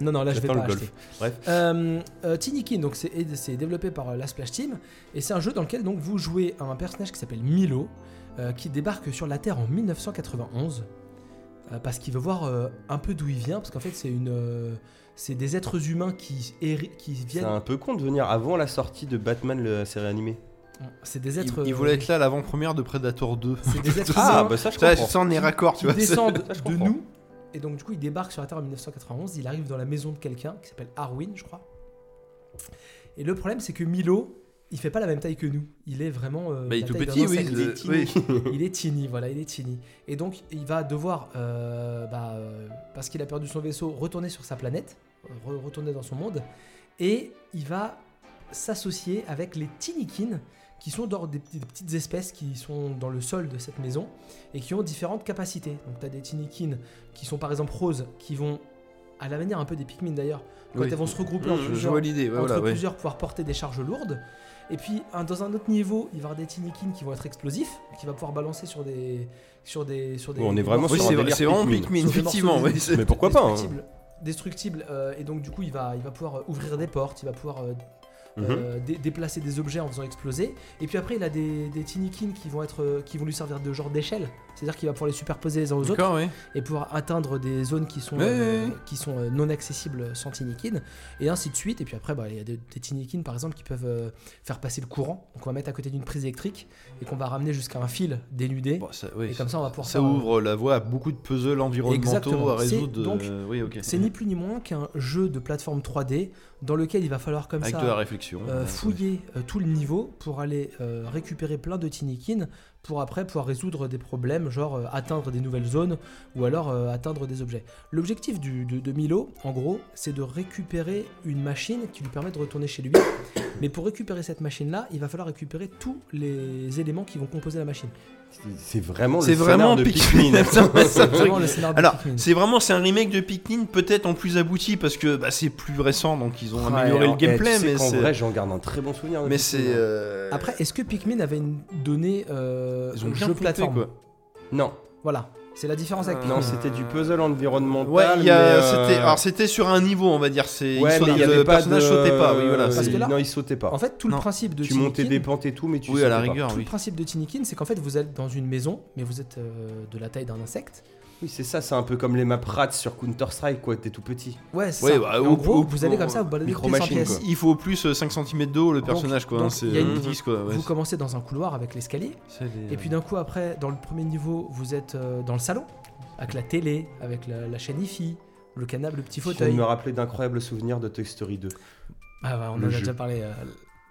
Speaker 2: Non, non, là je vais pas
Speaker 1: Mm. J'attends le
Speaker 2: acheter.
Speaker 1: golf. Bref.
Speaker 2: Euh, euh, Tinikin, donc c'est c'est développé par euh, la Splash Team et c'est un jeu dans lequel donc vous jouez un personnage qui s'appelle Milo euh, qui débarque sur la Terre en 1991 euh, parce qu'il veut voir euh, un peu d'où il vient parce qu'en fait c'est une euh, c'est des êtres humains qui héri- qui
Speaker 1: C'est
Speaker 2: viennent
Speaker 1: un peu con de venir avant la sortie de Batman, le- la série animée.
Speaker 2: c'est des
Speaker 3: Il,
Speaker 2: êtres euh,
Speaker 3: il voulait être là à l'avant-première de Predator 2.
Speaker 2: c'est des êtres
Speaker 1: Ah,
Speaker 2: humains
Speaker 1: bah ça, je
Speaker 3: Ça,
Speaker 1: comprends.
Speaker 3: ça, on est raccord, tu
Speaker 2: qui
Speaker 3: vois. c'est-
Speaker 2: descendent
Speaker 1: ça, je
Speaker 2: de
Speaker 1: comprends.
Speaker 2: nous et donc du coup il débarque sur la Terre en 1991 il arrive dans la maison de quelqu'un qui s'appelle Arwin je crois et le problème c'est que Milo il fait pas la même taille que nous il est vraiment euh,
Speaker 3: Bah, il est
Speaker 2: la
Speaker 3: tout
Speaker 2: taille d'un
Speaker 3: petit, oui.
Speaker 2: insecte. il, est
Speaker 3: le-
Speaker 2: teeny.
Speaker 3: oui.
Speaker 2: Il est teeny, voilà il est teeny et donc il va devoir euh, bah, euh, parce qu'il a perdu son vaisseau retourner sur sa planète re- retourner dans son monde et il va s'associer avec les Tinikins qui sont dans des, petites- des petites espèces qui sont dans le sol de cette maison et qui ont différentes capacités. Donc tu as des Tinikins qui sont par exemple roses, qui vont, à la manière un peu des Pikmin d'ailleurs, quand
Speaker 3: Oui.
Speaker 2: elles vont se regrouper
Speaker 3: Mmh,
Speaker 2: en
Speaker 3: je- je
Speaker 2: plusieurs,
Speaker 3: vois l'idée. ouais,
Speaker 2: entre
Speaker 3: voilà, ouais.
Speaker 2: plusieurs pouvoir porter des charges lourdes. Et puis un- dans un autre niveau, il va y avoir des Tinikins qui vont être explosifs, qui va pouvoir balancer sur des... Sur des, sur des
Speaker 1: On est
Speaker 2: des
Speaker 1: vraiment
Speaker 2: morceaux
Speaker 3: Oui,
Speaker 1: sur un
Speaker 3: c'est
Speaker 2: de-
Speaker 3: vrai-
Speaker 1: délire
Speaker 3: c'est vraiment
Speaker 1: Pikmin.
Speaker 3: Pikmin,
Speaker 2: Sur des
Speaker 3: effectivement.
Speaker 2: morceaux
Speaker 3: ouais, c'est-
Speaker 1: Mais pourquoi pas hein.
Speaker 2: destructibles. Destructibles, euh, et donc du coup il va, il va pouvoir euh, ouvrir des portes, il va pouvoir euh,
Speaker 1: Mhm.
Speaker 2: euh, dé- déplacer des objets en faisant exploser. Et puis après, il a des, des tinikins qui vont être, euh, qui vont lui servir de genre d'échelle. C'est-à-dire qu'il va pouvoir les superposer les uns aux autres
Speaker 3: D'accord, ouais.
Speaker 2: et pouvoir atteindre des zones qui sont,
Speaker 3: Ouais,
Speaker 2: euh,
Speaker 3: ouais, ouais.
Speaker 2: qui sont euh, non accessibles sans tinikin et ainsi de suite. Et puis après, bah, il y a des, des tinikins par exemple qui peuvent euh, faire passer le courant. Donc on va mettre à côté d'une prise électrique et qu'on va ramener jusqu'à un fil dénudé.
Speaker 3: Bon, ça, oui,
Speaker 2: et comme ça, on va pouvoir
Speaker 3: ça
Speaker 2: faire, euh,
Speaker 3: ouvre la voie à beaucoup de puzzles environnementaux
Speaker 2: Exactement.
Speaker 3: à résoudre.
Speaker 2: C'est donc-
Speaker 3: euh, oui, ok.
Speaker 2: C'est ni plus ni moins qu'un jeu de plateforme 3D dans lequel il va falloir comme
Speaker 3: Avec
Speaker 2: ça
Speaker 3: de la réflexion.
Speaker 2: euh,
Speaker 3: ouais.
Speaker 2: fouiller euh, tout le niveau pour aller euh, récupérer plein de tinikins pour après pouvoir résoudre des problèmes, genre euh, atteindre des nouvelles zones ou alors euh, atteindre des objets. L'objectif du- de, de Milo, en gros, c'est de récupérer une machine qui lui permet de retourner chez lui. Mais pour récupérer cette machine-là, il va falloir récupérer tous les éléments qui vont composer la machine.
Speaker 1: C'est- C'est vraiment le
Speaker 3: C'est vraiment
Speaker 1: scénar de
Speaker 3: Pikmin.
Speaker 1: Pikmin.
Speaker 3: Putain, ouais, c'est un
Speaker 2: C'est
Speaker 3: truc-
Speaker 2: vraiment le scénario de
Speaker 3: Alors,
Speaker 2: Pikmin.
Speaker 3: c'est vraiment c'est un remake de Pikmin, peut-être en plus abouti parce que bah, c'est plus récent, donc ils ont
Speaker 1: Ouais,
Speaker 3: amélioré le
Speaker 1: alors, eh, tu
Speaker 3: gameplay,
Speaker 1: sais
Speaker 3: mais
Speaker 1: qu'en
Speaker 3: c'est.
Speaker 1: vrai, j'en garde un très bon souvenir. de
Speaker 3: mais
Speaker 1: Pikmin,
Speaker 3: c'est.
Speaker 1: hein.
Speaker 3: euh,
Speaker 2: Après, est-ce que Pikmin avait une donnée euh,
Speaker 3: ils ont bien
Speaker 2: jeu
Speaker 3: foutu,
Speaker 2: plateforme
Speaker 3: quoi.
Speaker 1: Non,
Speaker 2: Voilà, c'est la différence avec
Speaker 3: Euh,
Speaker 1: non, c'était du puzzle environnemental.
Speaker 3: Ouais, il y a-
Speaker 1: mais, euh,
Speaker 3: c'était, alors c'était sur un niveau, on va dire. C'est,
Speaker 1: ouais,
Speaker 3: ils sautaient-
Speaker 1: mais il y avait
Speaker 3: le
Speaker 1: pas
Speaker 3: personnage
Speaker 1: de-
Speaker 3: sautait pas, oui, voilà.
Speaker 2: Parce
Speaker 3: c'est-
Speaker 2: que là-
Speaker 1: Non, il sautait pas.
Speaker 2: En fait, tout
Speaker 3: Non.
Speaker 2: le principe de
Speaker 1: tu montais
Speaker 2: Tinikin-
Speaker 1: des pentes et tout, mais tu
Speaker 3: oui, à la
Speaker 1: sautais pas.
Speaker 3: rigueur,
Speaker 2: Tout le
Speaker 3: oui.
Speaker 2: principe de Tinikin, c'est qu'en fait, vous êtes dans une maison, mais vous êtes euh, de la taille d'un insecte.
Speaker 1: Oui, c'est ça, c'est un peu comme les maps rats sur Counter-Strike, quoi, t'es tout petit.
Speaker 2: Ouais, c'est
Speaker 3: Ouais,
Speaker 2: ça.
Speaker 3: bah,
Speaker 2: Et
Speaker 3: ou-
Speaker 2: en gros,
Speaker 3: ou-
Speaker 2: vous allez comme ça,
Speaker 3: ou-
Speaker 2: vous baladez de pièce en
Speaker 1: micro-machine,
Speaker 2: pièce.
Speaker 1: quoi.
Speaker 3: Il faut au plus euh, 5 cm d'eau le personnage, quoi. hein,
Speaker 2: donc,
Speaker 3: c'est
Speaker 2: il y a une-
Speaker 3: 10, quoi. ouais,
Speaker 2: Vous commencez dans un couloir avec l'escalier,
Speaker 3: c'est- c'est des-
Speaker 2: et puis d'un coup, après, dans le premier niveau, vous êtes euh, dans le salon, avec la télé, avec la, la chaîne IFI, le canapé, le petit
Speaker 1: Je viens de
Speaker 2: fauteuil.
Speaker 1: me rappeler d'incroyables souvenirs de Toy Story 2.
Speaker 2: Ah bah, on
Speaker 1: Le
Speaker 2: en a
Speaker 1: jeu.
Speaker 2: déjà parlé. euh,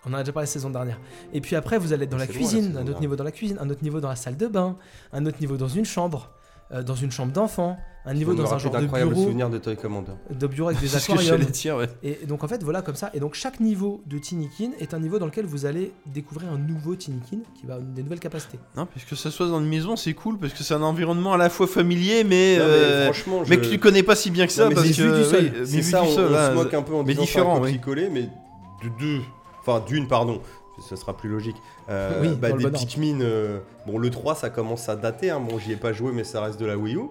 Speaker 2: on en a déjà parlé la saison dernière. Et puis après, vous allez être dans la
Speaker 1: C'est loin, la
Speaker 2: cuisine,
Speaker 1: saison
Speaker 2: un autre
Speaker 1: dernière.
Speaker 2: niveau dans la cuisine, un autre niveau dans la salle de bain, un autre niveau dans une chambre, euh, dans une chambre d'enfant, un niveau
Speaker 1: Je viens de me
Speaker 2: dans un
Speaker 1: rappeler
Speaker 2: genre de
Speaker 1: d'incroyables
Speaker 2: bureau,
Speaker 1: souvenirs de Toy Commander.
Speaker 2: de bureau avec des
Speaker 3: C'est ce que j'allais
Speaker 2: aquariums.
Speaker 3: dire, ouais.
Speaker 2: Et donc en fait voilà comme ça. Et donc chaque niveau de Tinikin est un niveau dans lequel vous allez découvrir un nouveau Tinikin qui va avoir des nouvelles capacités.
Speaker 3: Non, parce que ça soit dans une maison, c'est cool, parce que c'est un environnement à la fois familier, mais.
Speaker 1: Non, mais
Speaker 3: euh,
Speaker 1: franchement,
Speaker 3: mais
Speaker 1: je-
Speaker 3: que tu connais pas si bien que ça,
Speaker 1: Non, mais
Speaker 3: parce
Speaker 1: c'est
Speaker 3: que.
Speaker 1: vu du sol.
Speaker 3: oui, mais
Speaker 1: c'est
Speaker 3: vu
Speaker 1: ça,
Speaker 3: du
Speaker 1: on,
Speaker 3: sol,
Speaker 1: on
Speaker 3: là,
Speaker 1: se moque un peu en
Speaker 3: mais
Speaker 1: disant
Speaker 3: différent,
Speaker 1: c'est un
Speaker 3: oui.
Speaker 1: copier-coller, mais de deux, enfin d'une, pardon, ce sera plus logique. Euh,
Speaker 2: Oui,
Speaker 1: bah,
Speaker 2: dans le
Speaker 1: des
Speaker 2: bon ordre.
Speaker 1: Pikmin, euh, bon le 3 ça commence à dater, hein. bon j'y ai pas joué mais ça reste de la Wii U.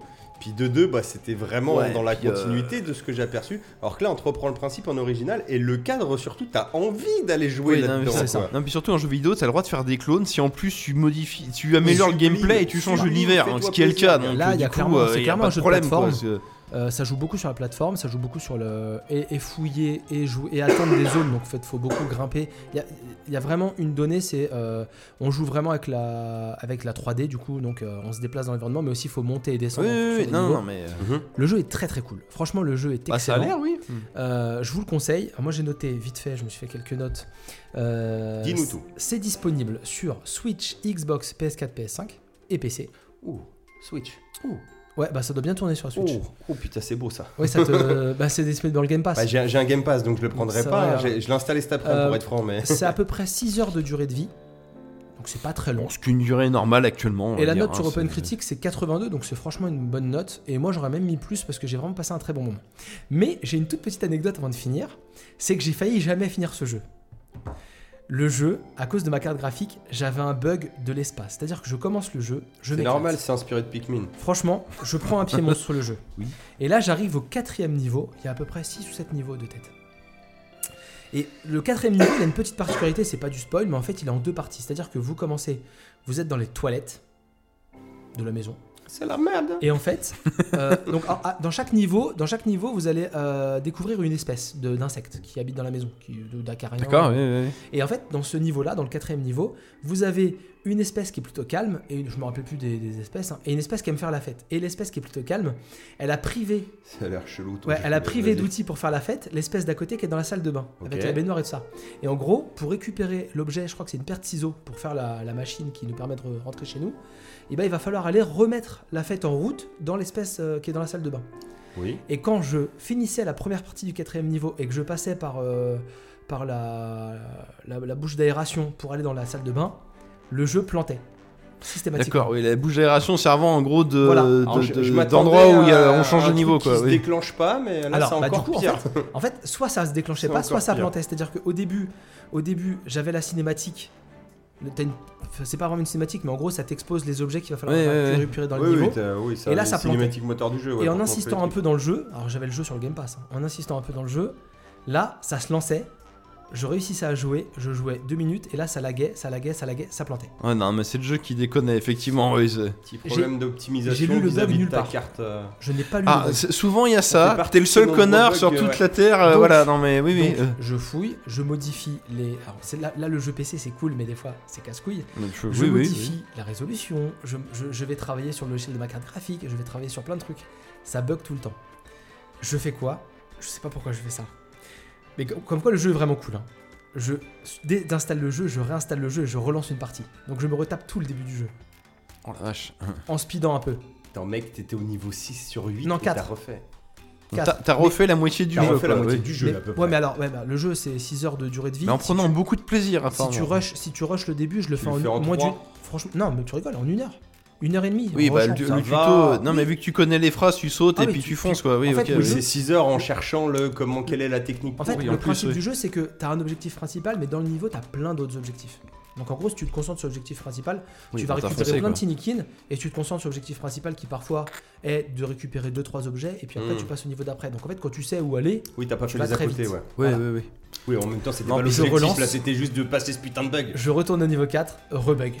Speaker 1: Puis de 2, bah, c'était vraiment
Speaker 3: Ouais,
Speaker 1: dans la
Speaker 3: puis, euh,
Speaker 1: continuité de ce que j'ai aperçu. Alors que là, on te reprend le principe en original et le cadre, surtout, t'as envie d'aller jouer
Speaker 3: Oui, non, mais
Speaker 1: là-dedans.
Speaker 3: c'est
Speaker 1: quoi.
Speaker 3: ça. Non, puis surtout en jeu vidéo, t'as le droit de faire des clones si en plus tu modifies, tu améliores le
Speaker 1: sublime,
Speaker 3: gameplay et tu changes
Speaker 1: sublime,
Speaker 3: l'univers,
Speaker 1: fais-toi
Speaker 3: ce qui est le cas.
Speaker 1: plaisir.
Speaker 3: Donc
Speaker 2: Là,
Speaker 3: euh,
Speaker 2: il y a
Speaker 3: du coup,
Speaker 2: clairement-
Speaker 3: euh,
Speaker 2: c'est
Speaker 3: il y a
Speaker 2: clairement
Speaker 3: pas
Speaker 2: un
Speaker 3: de
Speaker 2: jeu de
Speaker 3: problème, quoi,
Speaker 2: plateforme.
Speaker 3: parce que-
Speaker 2: Euh, ça joue beaucoup sur la plateforme, ça joue beaucoup sur le. et, et fouiller et, jouer, et atteindre des zones, donc en fait, faut beaucoup grimper. Il y a, il y a vraiment une donnée, c'est. euh, on joue vraiment avec la, avec la 3D, du coup, donc euh, on se déplace dans l'environnement, mais aussi il faut monter et
Speaker 3: Oui,
Speaker 2: descendre.
Speaker 3: oui,
Speaker 2: sur
Speaker 3: oui,
Speaker 2: les
Speaker 3: non,
Speaker 2: niveaux.
Speaker 3: non, mais. euh,
Speaker 2: Le jeu est très très cool. Franchement, le jeu est
Speaker 3: bah, ça a
Speaker 2: excellent.
Speaker 3: l'air, oui.
Speaker 2: Euh, je vous le conseille. Alors, moi, j'ai noté vite fait, je me suis fait quelques notes. Euh,
Speaker 4: Dis-nous tout.
Speaker 2: C'est disponible sur Switch, Xbox, PS4, PS5 et PC.
Speaker 1: Ouh, Switch. Ouh,
Speaker 2: Ouais, bah ça doit bien tourner sur Switch.
Speaker 1: ouh, ouh, Oh, putain, c'est beau ça.
Speaker 2: Ouais, ça te... bah, c'est disponible dans le Game Pass.
Speaker 1: Bah, j'ai un- j'ai un Game Pass, donc je le prendrai
Speaker 2: Ça
Speaker 1: pas.
Speaker 2: va,
Speaker 1: hein. J'ai- Je l'ai installé cet après-midi
Speaker 2: Euh,
Speaker 1: pour être franc, mais.
Speaker 2: c'est à peu près 6 heures de durée de vie. Donc c'est pas très long.
Speaker 3: Bon, ce qu'une durée normale actuellement. on
Speaker 2: Et
Speaker 3: va
Speaker 2: la
Speaker 3: dire,
Speaker 2: note
Speaker 3: hein,
Speaker 2: sur
Speaker 3: c'est-
Speaker 2: Open Critique, c'est 82, donc c'est franchement une bonne note. Et moi, j'aurais même mis plus parce que j'ai vraiment passé un très bon moment. Mais j'ai une toute petite anecdote avant de finir c'est que j'ai failli jamais finir ce jeu. Le jeu, à cause de ma carte graphique, j'avais un bug de l'espace. C'est-à-dire que je commence le jeu, je
Speaker 1: C'est
Speaker 2: m'éclate.
Speaker 1: normal, c'est inspiré de Pikmin.
Speaker 2: Franchement, je prends un pied monstre sur le jeu.
Speaker 1: Oui.
Speaker 2: Et là, j'arrive au quatrième niveau. Il y a à peu près 6 ou 7 niveaux de tête. Et le quatrième niveau, il a une petite particularité, c'est pas du spoil, mais en fait, il est en deux parties. C'est-à-dire que vous commencez, vous êtes dans les toilettes de la maison.
Speaker 1: C'est la merde.
Speaker 2: Et en fait, euh, donc, ah, ah, dans, chaque niveau, dans chaque niveau, vous allez euh, découvrir une espèce de- d'insecte qui habite dans la maison, qui de- d'acarien.
Speaker 3: D'accord, oui, oui, oui.
Speaker 2: Et en fait, dans ce niveau-là, dans le quatrième niveau, vous avez une espèce qui est plutôt calme, et une- je me rappelle plus des, des espèces, hein, et une espèce qui aime faire la fête. Et l'espèce qui est plutôt calme, elle a privé,
Speaker 1: Ça a l'air chelou. ton
Speaker 2: ouais,
Speaker 1: jeu,
Speaker 2: elle a
Speaker 1: mais
Speaker 2: privé
Speaker 1: vas-y.
Speaker 2: d'outils pour faire la fête, l'espèce d'à côté qui est dans la salle de bain, avec
Speaker 1: Ok.
Speaker 2: la baignoire et tout ça. Et en gros, pour récupérer l'objet, je crois que c'est une paire de ciseaux pour faire la, la machine qui nous permet de re- rentrer chez nous, et ben il va falloir aller remettre la fête en route dans l'espèce euh, qui est dans la salle de bain.
Speaker 1: Oui.
Speaker 2: Et quand je finissais la première partie du quatrième niveau et que je passais par, euh, par la, la, la bouche d'aération pour aller dans la salle de bain, le jeu plantait. Systématiquement.
Speaker 3: D'accord, oui, la bouche d'aération servant en gros de,
Speaker 2: Voilà.
Speaker 3: de-
Speaker 1: Alors, je-
Speaker 3: de-
Speaker 1: je m'attendais
Speaker 3: d'endroits où il y a-
Speaker 1: à
Speaker 3: on change
Speaker 1: un
Speaker 3: de niveau,
Speaker 1: truc
Speaker 3: quoi.
Speaker 1: Qui
Speaker 3: oui.
Speaker 1: se déclenche pas, mais là,
Speaker 2: Alors,
Speaker 1: c'est
Speaker 2: bah, du
Speaker 1: encore
Speaker 2: coup, en
Speaker 1: pire.
Speaker 2: En fait, soit ça se déclenchait
Speaker 1: C'est
Speaker 2: pas, soit
Speaker 1: encore
Speaker 2: ça
Speaker 1: pire.
Speaker 2: plantait. C'est-à-dire qu'au début, au début, j'avais la cinématique. Le- t'as une- enfin, C'est pas vraiment une cinématique, mais en gros, ça t'expose les objets qu'il va falloir
Speaker 3: Ouais, ouais, ouais.
Speaker 2: récupérer dans le
Speaker 1: Oui,
Speaker 2: niveau.
Speaker 1: oui, t'as- oui, ça
Speaker 2: Et là,
Speaker 1: a
Speaker 2: ça
Speaker 1: les
Speaker 2: plantait.
Speaker 1: cinématiques moteur du jeu. ouais,
Speaker 2: et
Speaker 1: pour
Speaker 2: en
Speaker 1: planter
Speaker 2: insistant
Speaker 1: les
Speaker 2: un
Speaker 1: trucs.
Speaker 2: peu dans le jeu, alors j'avais le jeu sur le Game Pass, hein, en insistant un peu dans le jeu, là ça se lançait, je réussissais à jouer, je jouais deux minutes et là ça laguait, ça laguait, ça laguait, ça plantait.
Speaker 3: Ouais, non, mais c'est le jeu qui déconne, effectivement. oui, c'est-
Speaker 1: Petit problème d'optimisation.
Speaker 2: j'ai lu le bug
Speaker 1: vis-à-vis de
Speaker 2: nulle
Speaker 1: ta
Speaker 2: part.
Speaker 1: carte. euh,
Speaker 2: Je n'ai pas lu.
Speaker 3: Ah,
Speaker 2: le bug.
Speaker 3: c'est- souvent il y a
Speaker 1: fait
Speaker 3: ça.
Speaker 1: partie
Speaker 3: T'es le seul
Speaker 1: de nombreux
Speaker 3: connard
Speaker 1: bugs,
Speaker 3: sur
Speaker 1: euh,
Speaker 3: toute
Speaker 1: ouais.
Speaker 3: la terre. euh,
Speaker 2: Donc,
Speaker 3: voilà, non, mais oui, euh. oui.
Speaker 2: Donc, je fouille, je modifie les. alors, c'est là, là, le jeu PC c'est cool, mais des fois c'est casse-couille.
Speaker 3: euh, je-
Speaker 2: Je
Speaker 3: oui, oui,
Speaker 2: modifie la résolution, je, je- je vais travailler sur le logiciel de ma carte graphique, je vais travailler sur plein de trucs. Ça bug tout le temps. Je fais quoi Je sais pas pourquoi je fais ça. Mais com- comme quoi le jeu est vraiment cool. hein. Je désinstalle le jeu, je réinstalle le jeu et je relance une partie. Donc je me retape tout le début du jeu,
Speaker 3: oui. Oh la vache.
Speaker 2: en speedant un peu.
Speaker 1: Attends, mec, t'étais au niveau 6 sur 8.
Speaker 2: Non,
Speaker 1: et t'as
Speaker 2: quatre.
Speaker 1: refait.
Speaker 3: T'as
Speaker 2: Quatre.
Speaker 3: t'as refait la moitié du
Speaker 1: T'as
Speaker 3: jeu.
Speaker 1: refait la
Speaker 3: quoi,
Speaker 1: moitié
Speaker 3: oui.
Speaker 1: du jeu,
Speaker 2: mais,
Speaker 1: à peu
Speaker 2: Ouais,
Speaker 1: près.
Speaker 2: mais alors, ouais, bah, le jeu c'est 6 heures de durée de vie.
Speaker 3: Mais en
Speaker 2: Si
Speaker 3: prenant
Speaker 2: tu-
Speaker 3: beaucoup de plaisir,
Speaker 2: si tu,
Speaker 3: apparemment.
Speaker 2: rushes, si tu rushes le début, je le fais
Speaker 1: le
Speaker 2: en,
Speaker 1: fais en
Speaker 2: moins
Speaker 1: trois.
Speaker 2: d'une. Franchement, non, mais tu rigoles, en une heure. Une heure et demie.
Speaker 3: Oui,
Speaker 2: en
Speaker 3: bah,
Speaker 2: rushant,
Speaker 3: le,
Speaker 2: ça
Speaker 3: le
Speaker 2: va.
Speaker 3: tuto.
Speaker 1: va.
Speaker 3: euh, Non, mais vu que tu connais les phrases, tu sautes
Speaker 2: Ah,
Speaker 3: et
Speaker 2: mais
Speaker 3: puis tu,
Speaker 2: tu-
Speaker 3: fonces, quoi. Oui,
Speaker 2: en fait,
Speaker 3: ok,
Speaker 2: le
Speaker 3: oui.
Speaker 1: C'est 6 heures en cherchant le comment, quelle est la technique.
Speaker 2: En fait,
Speaker 1: pour-
Speaker 3: Oui, en
Speaker 2: le
Speaker 3: plus,
Speaker 2: principe
Speaker 3: oui.
Speaker 2: du jeu, c'est que tu as un objectif principal, mais dans le niveau, tu as plein d'autres objectifs. Donc en gros, si tu te concentres sur l'objectif principal,
Speaker 3: Oui,
Speaker 2: tu vas
Speaker 3: pour
Speaker 2: récupérer
Speaker 3: t'enfoncer,
Speaker 2: plein de
Speaker 3: quoi.
Speaker 2: tinikines et tu te concentres sur l'objectif principal qui parfois est de récupérer 2-3 objets et puis après
Speaker 1: Mm.
Speaker 2: tu passes au niveau d'après. Donc en fait, quand tu sais où aller,
Speaker 1: Oui, t'as pas fait
Speaker 2: vas
Speaker 1: les à
Speaker 2: très
Speaker 1: côté,
Speaker 2: vite.
Speaker 1: ouais.
Speaker 3: Oui,
Speaker 2: Voilà.
Speaker 3: oui, oui.
Speaker 1: Oui, en même temps, c'était
Speaker 3: Non,
Speaker 1: pas
Speaker 3: mais je
Speaker 1: l'objectif.
Speaker 2: relance.
Speaker 1: Là, c'était juste de passer ce putain de bug.
Speaker 2: je retourne au niveau 4, rebug.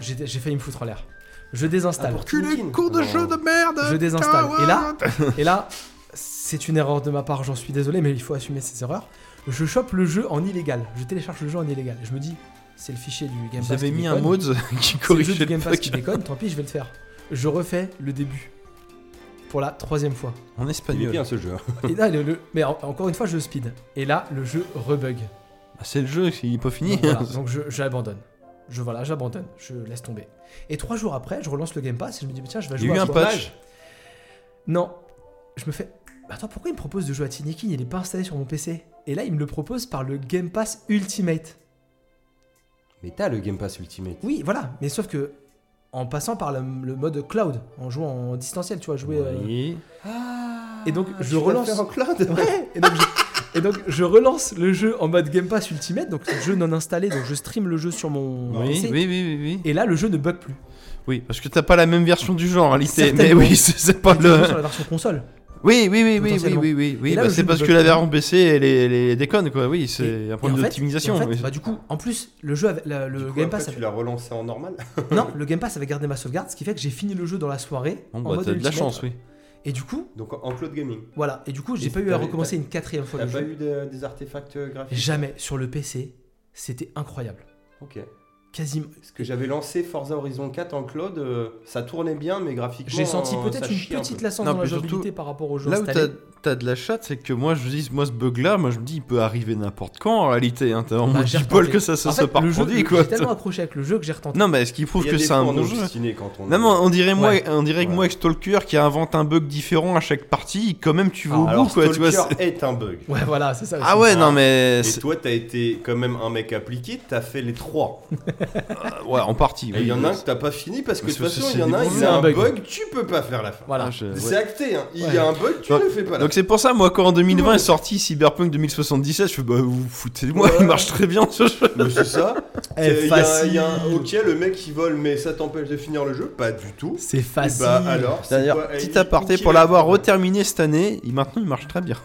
Speaker 2: J'ai j'ai failli me foutre en l'air. Je
Speaker 1: Ah,
Speaker 2: désinstalle.
Speaker 1: Tinikine. Non.
Speaker 3: merde
Speaker 2: Je désinstalle. Et là, et là, c'est une erreur de ma part, j'en suis désolé, mais il faut assumer ses erreurs. Je chope le jeu en illégal. Je télécharge le jeu en illégal. Je me dis, c'est le fichier du Game Pass.
Speaker 3: J'avais
Speaker 2: qui
Speaker 3: mis un
Speaker 2: déconne.
Speaker 3: mod qui
Speaker 2: C'est le jeu
Speaker 3: corrigeait
Speaker 2: du
Speaker 3: le
Speaker 2: Game Pass qui
Speaker 3: bug
Speaker 2: déconne, tant pis, je vais le faire. Je refais le début. Pour la troisième fois.
Speaker 3: en
Speaker 1: Il est
Speaker 3: espagnol.
Speaker 1: bien ce jeu. hein.
Speaker 2: Et là, le- le- mais en- encore une fois, je speed. Et là, le jeu rebug.
Speaker 3: Ah, C'est le jeu, il est pas fini.
Speaker 2: Donc, voilà, donc je- j'abandonne. Je voilà, j'abandonne. Je laisse tomber. Et trois jours après, je relance le Game Pass et je me dis, tiens, je vais
Speaker 3: Il y
Speaker 2: jouer
Speaker 3: a eu
Speaker 2: à
Speaker 3: un
Speaker 2: quoi
Speaker 3: patch.
Speaker 2: Non. Je me fais. Attends, pourquoi il me propose de jouer à Tinikin Il est pas installé sur mon PC. Et là, il me le propose par le Game Pass Ultimate.
Speaker 1: Mais t'as le Game Pass Ultimate.
Speaker 2: Oui, voilà. Mais sauf que. En passant par le, le mode cloud, en jouant en distanciel, tu vois, jouer. euh,
Speaker 3: Oui.
Speaker 2: Et donc, je
Speaker 1: Ah, tu l'as
Speaker 2: relance.
Speaker 1: fait en cloud
Speaker 2: Ouais, et, donc je, et donc, je relance le jeu en mode Game Pass Ultimate, donc le jeu non installé, donc je stream le jeu sur mon
Speaker 3: Oui,
Speaker 2: PC.
Speaker 3: oui, oui, oui, oui.
Speaker 2: Et là, le jeu ne bug plus.
Speaker 3: Oui, parce que t'as pas la même version du genre en réalité. Mais
Speaker 2: Certainement.
Speaker 3: oui, c'est c'est pas
Speaker 2: Il est toujours
Speaker 3: le.
Speaker 2: sur la version console.
Speaker 3: Oui, oui, oui, oui, oui,
Speaker 2: Potentiellement.
Speaker 3: oui, oui, oui.
Speaker 2: Et là,
Speaker 3: bah,
Speaker 2: le
Speaker 3: c'est
Speaker 2: jeu
Speaker 3: parce
Speaker 2: de
Speaker 3: que la
Speaker 2: Bloodborne-
Speaker 3: variante BC, elle est, elle est déconne, quoi. Oui, c'est
Speaker 2: Et-
Speaker 3: un
Speaker 2: et en
Speaker 3: problème
Speaker 2: fait-
Speaker 3: d'optimisation.
Speaker 2: et en fait,
Speaker 3: oui.
Speaker 2: bah, du coup, en plus, le jeu, avait- la- le
Speaker 1: Du coup,
Speaker 2: Game
Speaker 1: après,
Speaker 2: Pass,
Speaker 1: tu
Speaker 2: avait-
Speaker 1: l'as relancé en normal
Speaker 2: non, le Game Pass avait gardé ma sauvegarde, ce qui fait que j'ai fini le jeu dans la soirée
Speaker 3: Bon,
Speaker 2: en
Speaker 3: bah,
Speaker 2: mode
Speaker 3: t'as de la
Speaker 2: ultimate.
Speaker 3: chance, oui.
Speaker 2: Et du coup,
Speaker 1: Donc en en cloud gaming.
Speaker 2: voilà. Et du coup, j'ai
Speaker 1: Et
Speaker 2: pas eu à
Speaker 1: t'avais-
Speaker 2: recommencer une quatrième fois
Speaker 1: T'as
Speaker 2: le
Speaker 1: pas
Speaker 2: jeu.
Speaker 1: eu de- des artefacts euh, graphiques
Speaker 2: Jamais sur le PC, c'était incroyable.
Speaker 1: Ok.
Speaker 2: Quasiment.
Speaker 1: Parce que j'avais lancé Forza Horizon 4 en cloud, euh, ça tournait bien, mais graphiquement.
Speaker 2: J'ai senti
Speaker 1: euh,
Speaker 2: peut-être
Speaker 1: ça
Speaker 2: une
Speaker 1: chie un
Speaker 2: petite
Speaker 1: peu.
Speaker 2: lassance
Speaker 3: Non,
Speaker 2: dans la
Speaker 3: mais surtout,
Speaker 2: jouabilité par rapport au jeu
Speaker 3: Là où
Speaker 2: installé.
Speaker 3: t'as t'as de la chatte, c'est que moi, je dis, moi, ce bug-là, moi, je me dis, il peut arriver n'importe quand, en réalité. hein. T'as vraiment
Speaker 2: Bah,
Speaker 3: du
Speaker 2: j'ai
Speaker 3: bol
Speaker 2: retenté.
Speaker 3: que ça se
Speaker 2: En
Speaker 3: se
Speaker 2: fait,
Speaker 3: par
Speaker 2: le jeu-
Speaker 3: produit, quoi.
Speaker 2: J'ai tellement accroché avec le jeu que j'ai retenté.
Speaker 3: Non, mais est-ce qu'il
Speaker 1: Il
Speaker 3: prouve
Speaker 1: y a
Speaker 3: que
Speaker 1: des
Speaker 3: c'est un
Speaker 1: fois, on
Speaker 3: bon
Speaker 1: est
Speaker 2: hein.
Speaker 3: jeu
Speaker 1: obstiné quand on.
Speaker 3: Non, mais on dirait, moi,
Speaker 2: Ouais.
Speaker 3: on dirait que
Speaker 1: Ouais.
Speaker 3: moi, avec Stalker, qui invente un bug différent à chaque partie, quand même, tu vas
Speaker 2: Ah,
Speaker 3: au
Speaker 1: Alors,
Speaker 3: bout, quoi. Tu vois,
Speaker 1: Stalker
Speaker 3: c'est-
Speaker 1: est un bug.
Speaker 2: Ouais, voilà, c'est ça. aussi.
Speaker 3: ah ouais, non, mais.
Speaker 1: Et
Speaker 3: c'est-
Speaker 1: toi, t'as été quand même un mec appliqué, t'as fait les trois.
Speaker 3: Ouais, en partie.
Speaker 1: Et il y en a un que t'as pas fini parce que de
Speaker 3: Parce
Speaker 1: toute
Speaker 3: que c'est-
Speaker 1: façon,
Speaker 3: c'est
Speaker 1: il y en a
Speaker 3: des
Speaker 1: un,
Speaker 3: bons
Speaker 1: il
Speaker 2: jeux.
Speaker 1: a un
Speaker 2: Un bug.
Speaker 1: bug, tu peux pas faire la fin.
Speaker 2: Voilà.
Speaker 1: C'est acté, hein. il
Speaker 2: Ouais.
Speaker 1: y a un bug, tu
Speaker 3: Donc-
Speaker 1: le fais pas là.
Speaker 3: Donc c'est pour ça, moi, quand en 2020 est sorti Cyberpunk 2077, je fais bah vous vous foutez de moi,
Speaker 1: Ouais.
Speaker 3: il marche très bien ce jeu.
Speaker 1: Mais c'est ça.
Speaker 2: Eh,
Speaker 1: C'est- il y a- il y a un-
Speaker 2: facile.
Speaker 1: ok, le mec il vole, mais ça t'empêche de finir le jeu Pas du tout.
Speaker 3: Eh
Speaker 2: C'est
Speaker 1: Et
Speaker 2: facile.
Speaker 1: bah alors, c'est
Speaker 3: D'ailleurs,
Speaker 1: quoi,
Speaker 3: petit
Speaker 1: Ellie
Speaker 3: aparté
Speaker 1: Cookie,
Speaker 3: pour
Speaker 1: là
Speaker 3: l'avoir reterminé cette année, il, maintenant il marche très bien.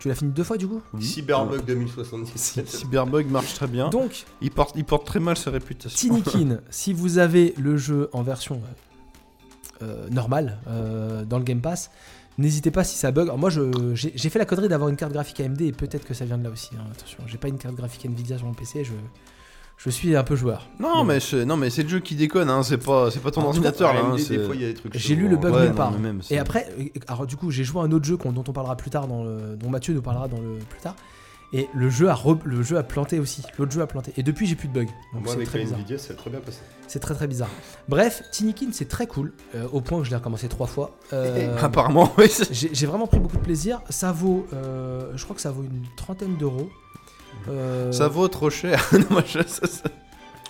Speaker 2: Tu l'as fini deux fois du coup
Speaker 1: Cyberbug 2066.
Speaker 3: Cyberbug marche très bien.
Speaker 2: Donc,
Speaker 3: Il porte, il porte très mal sa réputation.
Speaker 2: Tinikin, si vous avez le jeu en version euh, normale euh, dans le Game Pass, n'hésitez pas si ça bug. Alors moi, je- j'ai j'ai fait la connerie d'avoir une carte graphique AMD et peut-être que ça vient de là aussi. hein. Attention, j'ai pas une carte graphique Nvidia sur mon PC. Je, je suis un peu joueur.
Speaker 3: Non mais c'est, non mais c'est le jeu qui déconne, hein, c'est pas, c'est pas
Speaker 1: Ah,
Speaker 3: ton
Speaker 2: En tout
Speaker 3: ordinateur là.
Speaker 1: AMD,
Speaker 3: hein, c'est-
Speaker 1: des fois, il y a des trucs
Speaker 2: J'ai
Speaker 1: chelous,
Speaker 2: lu le
Speaker 1: hein.
Speaker 2: bug
Speaker 3: Ouais,
Speaker 2: nulle
Speaker 3: non,
Speaker 2: part.
Speaker 3: mais même, c'est-
Speaker 2: Et après, euh, alors du coup, j'ai joué à un autre jeu qu'on- dont on parlera plus tard, dans le, dont Mathieu nous parlera dans le plus tard. Et le jeu a re- le jeu a planté aussi. L'autre jeu a planté. Et depuis, j'ai plus de bugs. Donc
Speaker 1: Moi
Speaker 2: c'est
Speaker 1: avec
Speaker 2: très
Speaker 1: la
Speaker 2: bizarre.
Speaker 1: Nvidia, ça a très bien passé.
Speaker 2: C'est très très bizarre. Bref, Tinikin, c'est très cool. euh, au point que je l'ai recommencé trois fois. Euh,
Speaker 1: Ah
Speaker 3: Apparemment, oui. c'est-
Speaker 2: j'ai j'ai vraiment pris beaucoup de plaisir. Ça vaut, euh, je crois que ça vaut une trentaine d'euros. Euh,
Speaker 3: Ça vaut trop cher. Non, moi, je- ça- ça-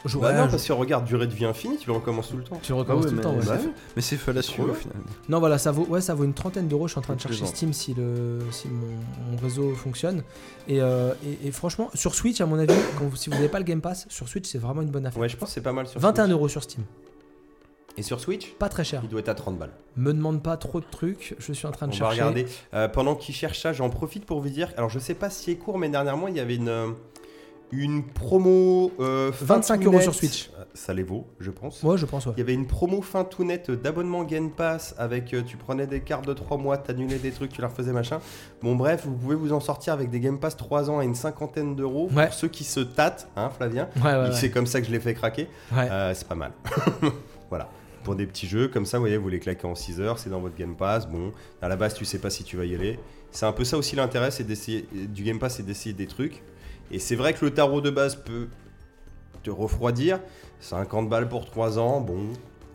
Speaker 2: je-
Speaker 1: Bah
Speaker 2: ouais,
Speaker 1: non,
Speaker 2: je-
Speaker 1: parce Ah que regarde, durée de vie infinie, tu le recommences tout le temps.
Speaker 2: Tu recommences
Speaker 3: Bah
Speaker 2: tout
Speaker 3: ouais,
Speaker 2: le temps.
Speaker 3: mais-
Speaker 2: ouais.
Speaker 3: bah ouais. Mais c'est fallacieux
Speaker 1: Trop
Speaker 3: au
Speaker 1: bien.
Speaker 3: final.
Speaker 2: Non, voilà, ça vaut, ouais, ça vaut une trentaine d'euros. Je suis en train de chercher
Speaker 3: Plaisant.
Speaker 2: Steam si, le, si mon, mon réseau fonctionne. Et, euh, et- et franchement, sur Switch, à mon avis, quand vous- si vous n'avez pas le Game Pass, sur Switch, c'est vraiment une bonne affaire.
Speaker 1: Ouais, je pense que c'est pas mal sur
Speaker 2: 21
Speaker 1: Switch.
Speaker 2: euros sur Steam,
Speaker 1: Et sur Switch
Speaker 2: pas très cher.
Speaker 1: il doit être à 30 balles.
Speaker 2: Me demande pas trop de trucs. Je suis en train
Speaker 1: On
Speaker 2: de
Speaker 1: va
Speaker 2: chercher.
Speaker 1: regarder. Euh, pendant qu'il cherche ça, j'en profite pour vous dire. Alors, je sais pas si c'est court, mais dernièrement, il y avait une, euh, une promo. euh, fin
Speaker 2: 25
Speaker 1: tout
Speaker 2: euros
Speaker 1: net.
Speaker 2: sur Switch.
Speaker 1: Euh, Ça les vaut, je pense.
Speaker 2: Moi, je pense, ouais.
Speaker 1: Il y avait une promo fin tout net d'abonnement Game Pass avec euh, tu prenais des cartes de 3 mois, t'annulais des trucs, tu leur faisais machin. Bon bref, vous pouvez vous en sortir avec des Game Pass 3 ans à une cinquantaine d'euros
Speaker 2: Ouais.
Speaker 1: pour ceux qui se tâtent, hein Flavien.
Speaker 2: Ouais, ouais,
Speaker 1: Et
Speaker 2: ouais.
Speaker 1: C'est comme ça que je l'ai fait craquer.
Speaker 2: Ouais.
Speaker 1: Euh, c'est pas mal. voilà. Pour des petits jeux comme ça, vous voyez, vous les claquez en 6 heures, c'est dans votre Game Pass. Bon, à la base, tu sais pas si tu vas y aller. C'est un peu ça aussi l'intérêt c'est d'essayer du Game Pass, c'est d'essayer des trucs. Et c'est vrai que le tarot de base peut te refroidir. 50 balles pour 3 ans, bon,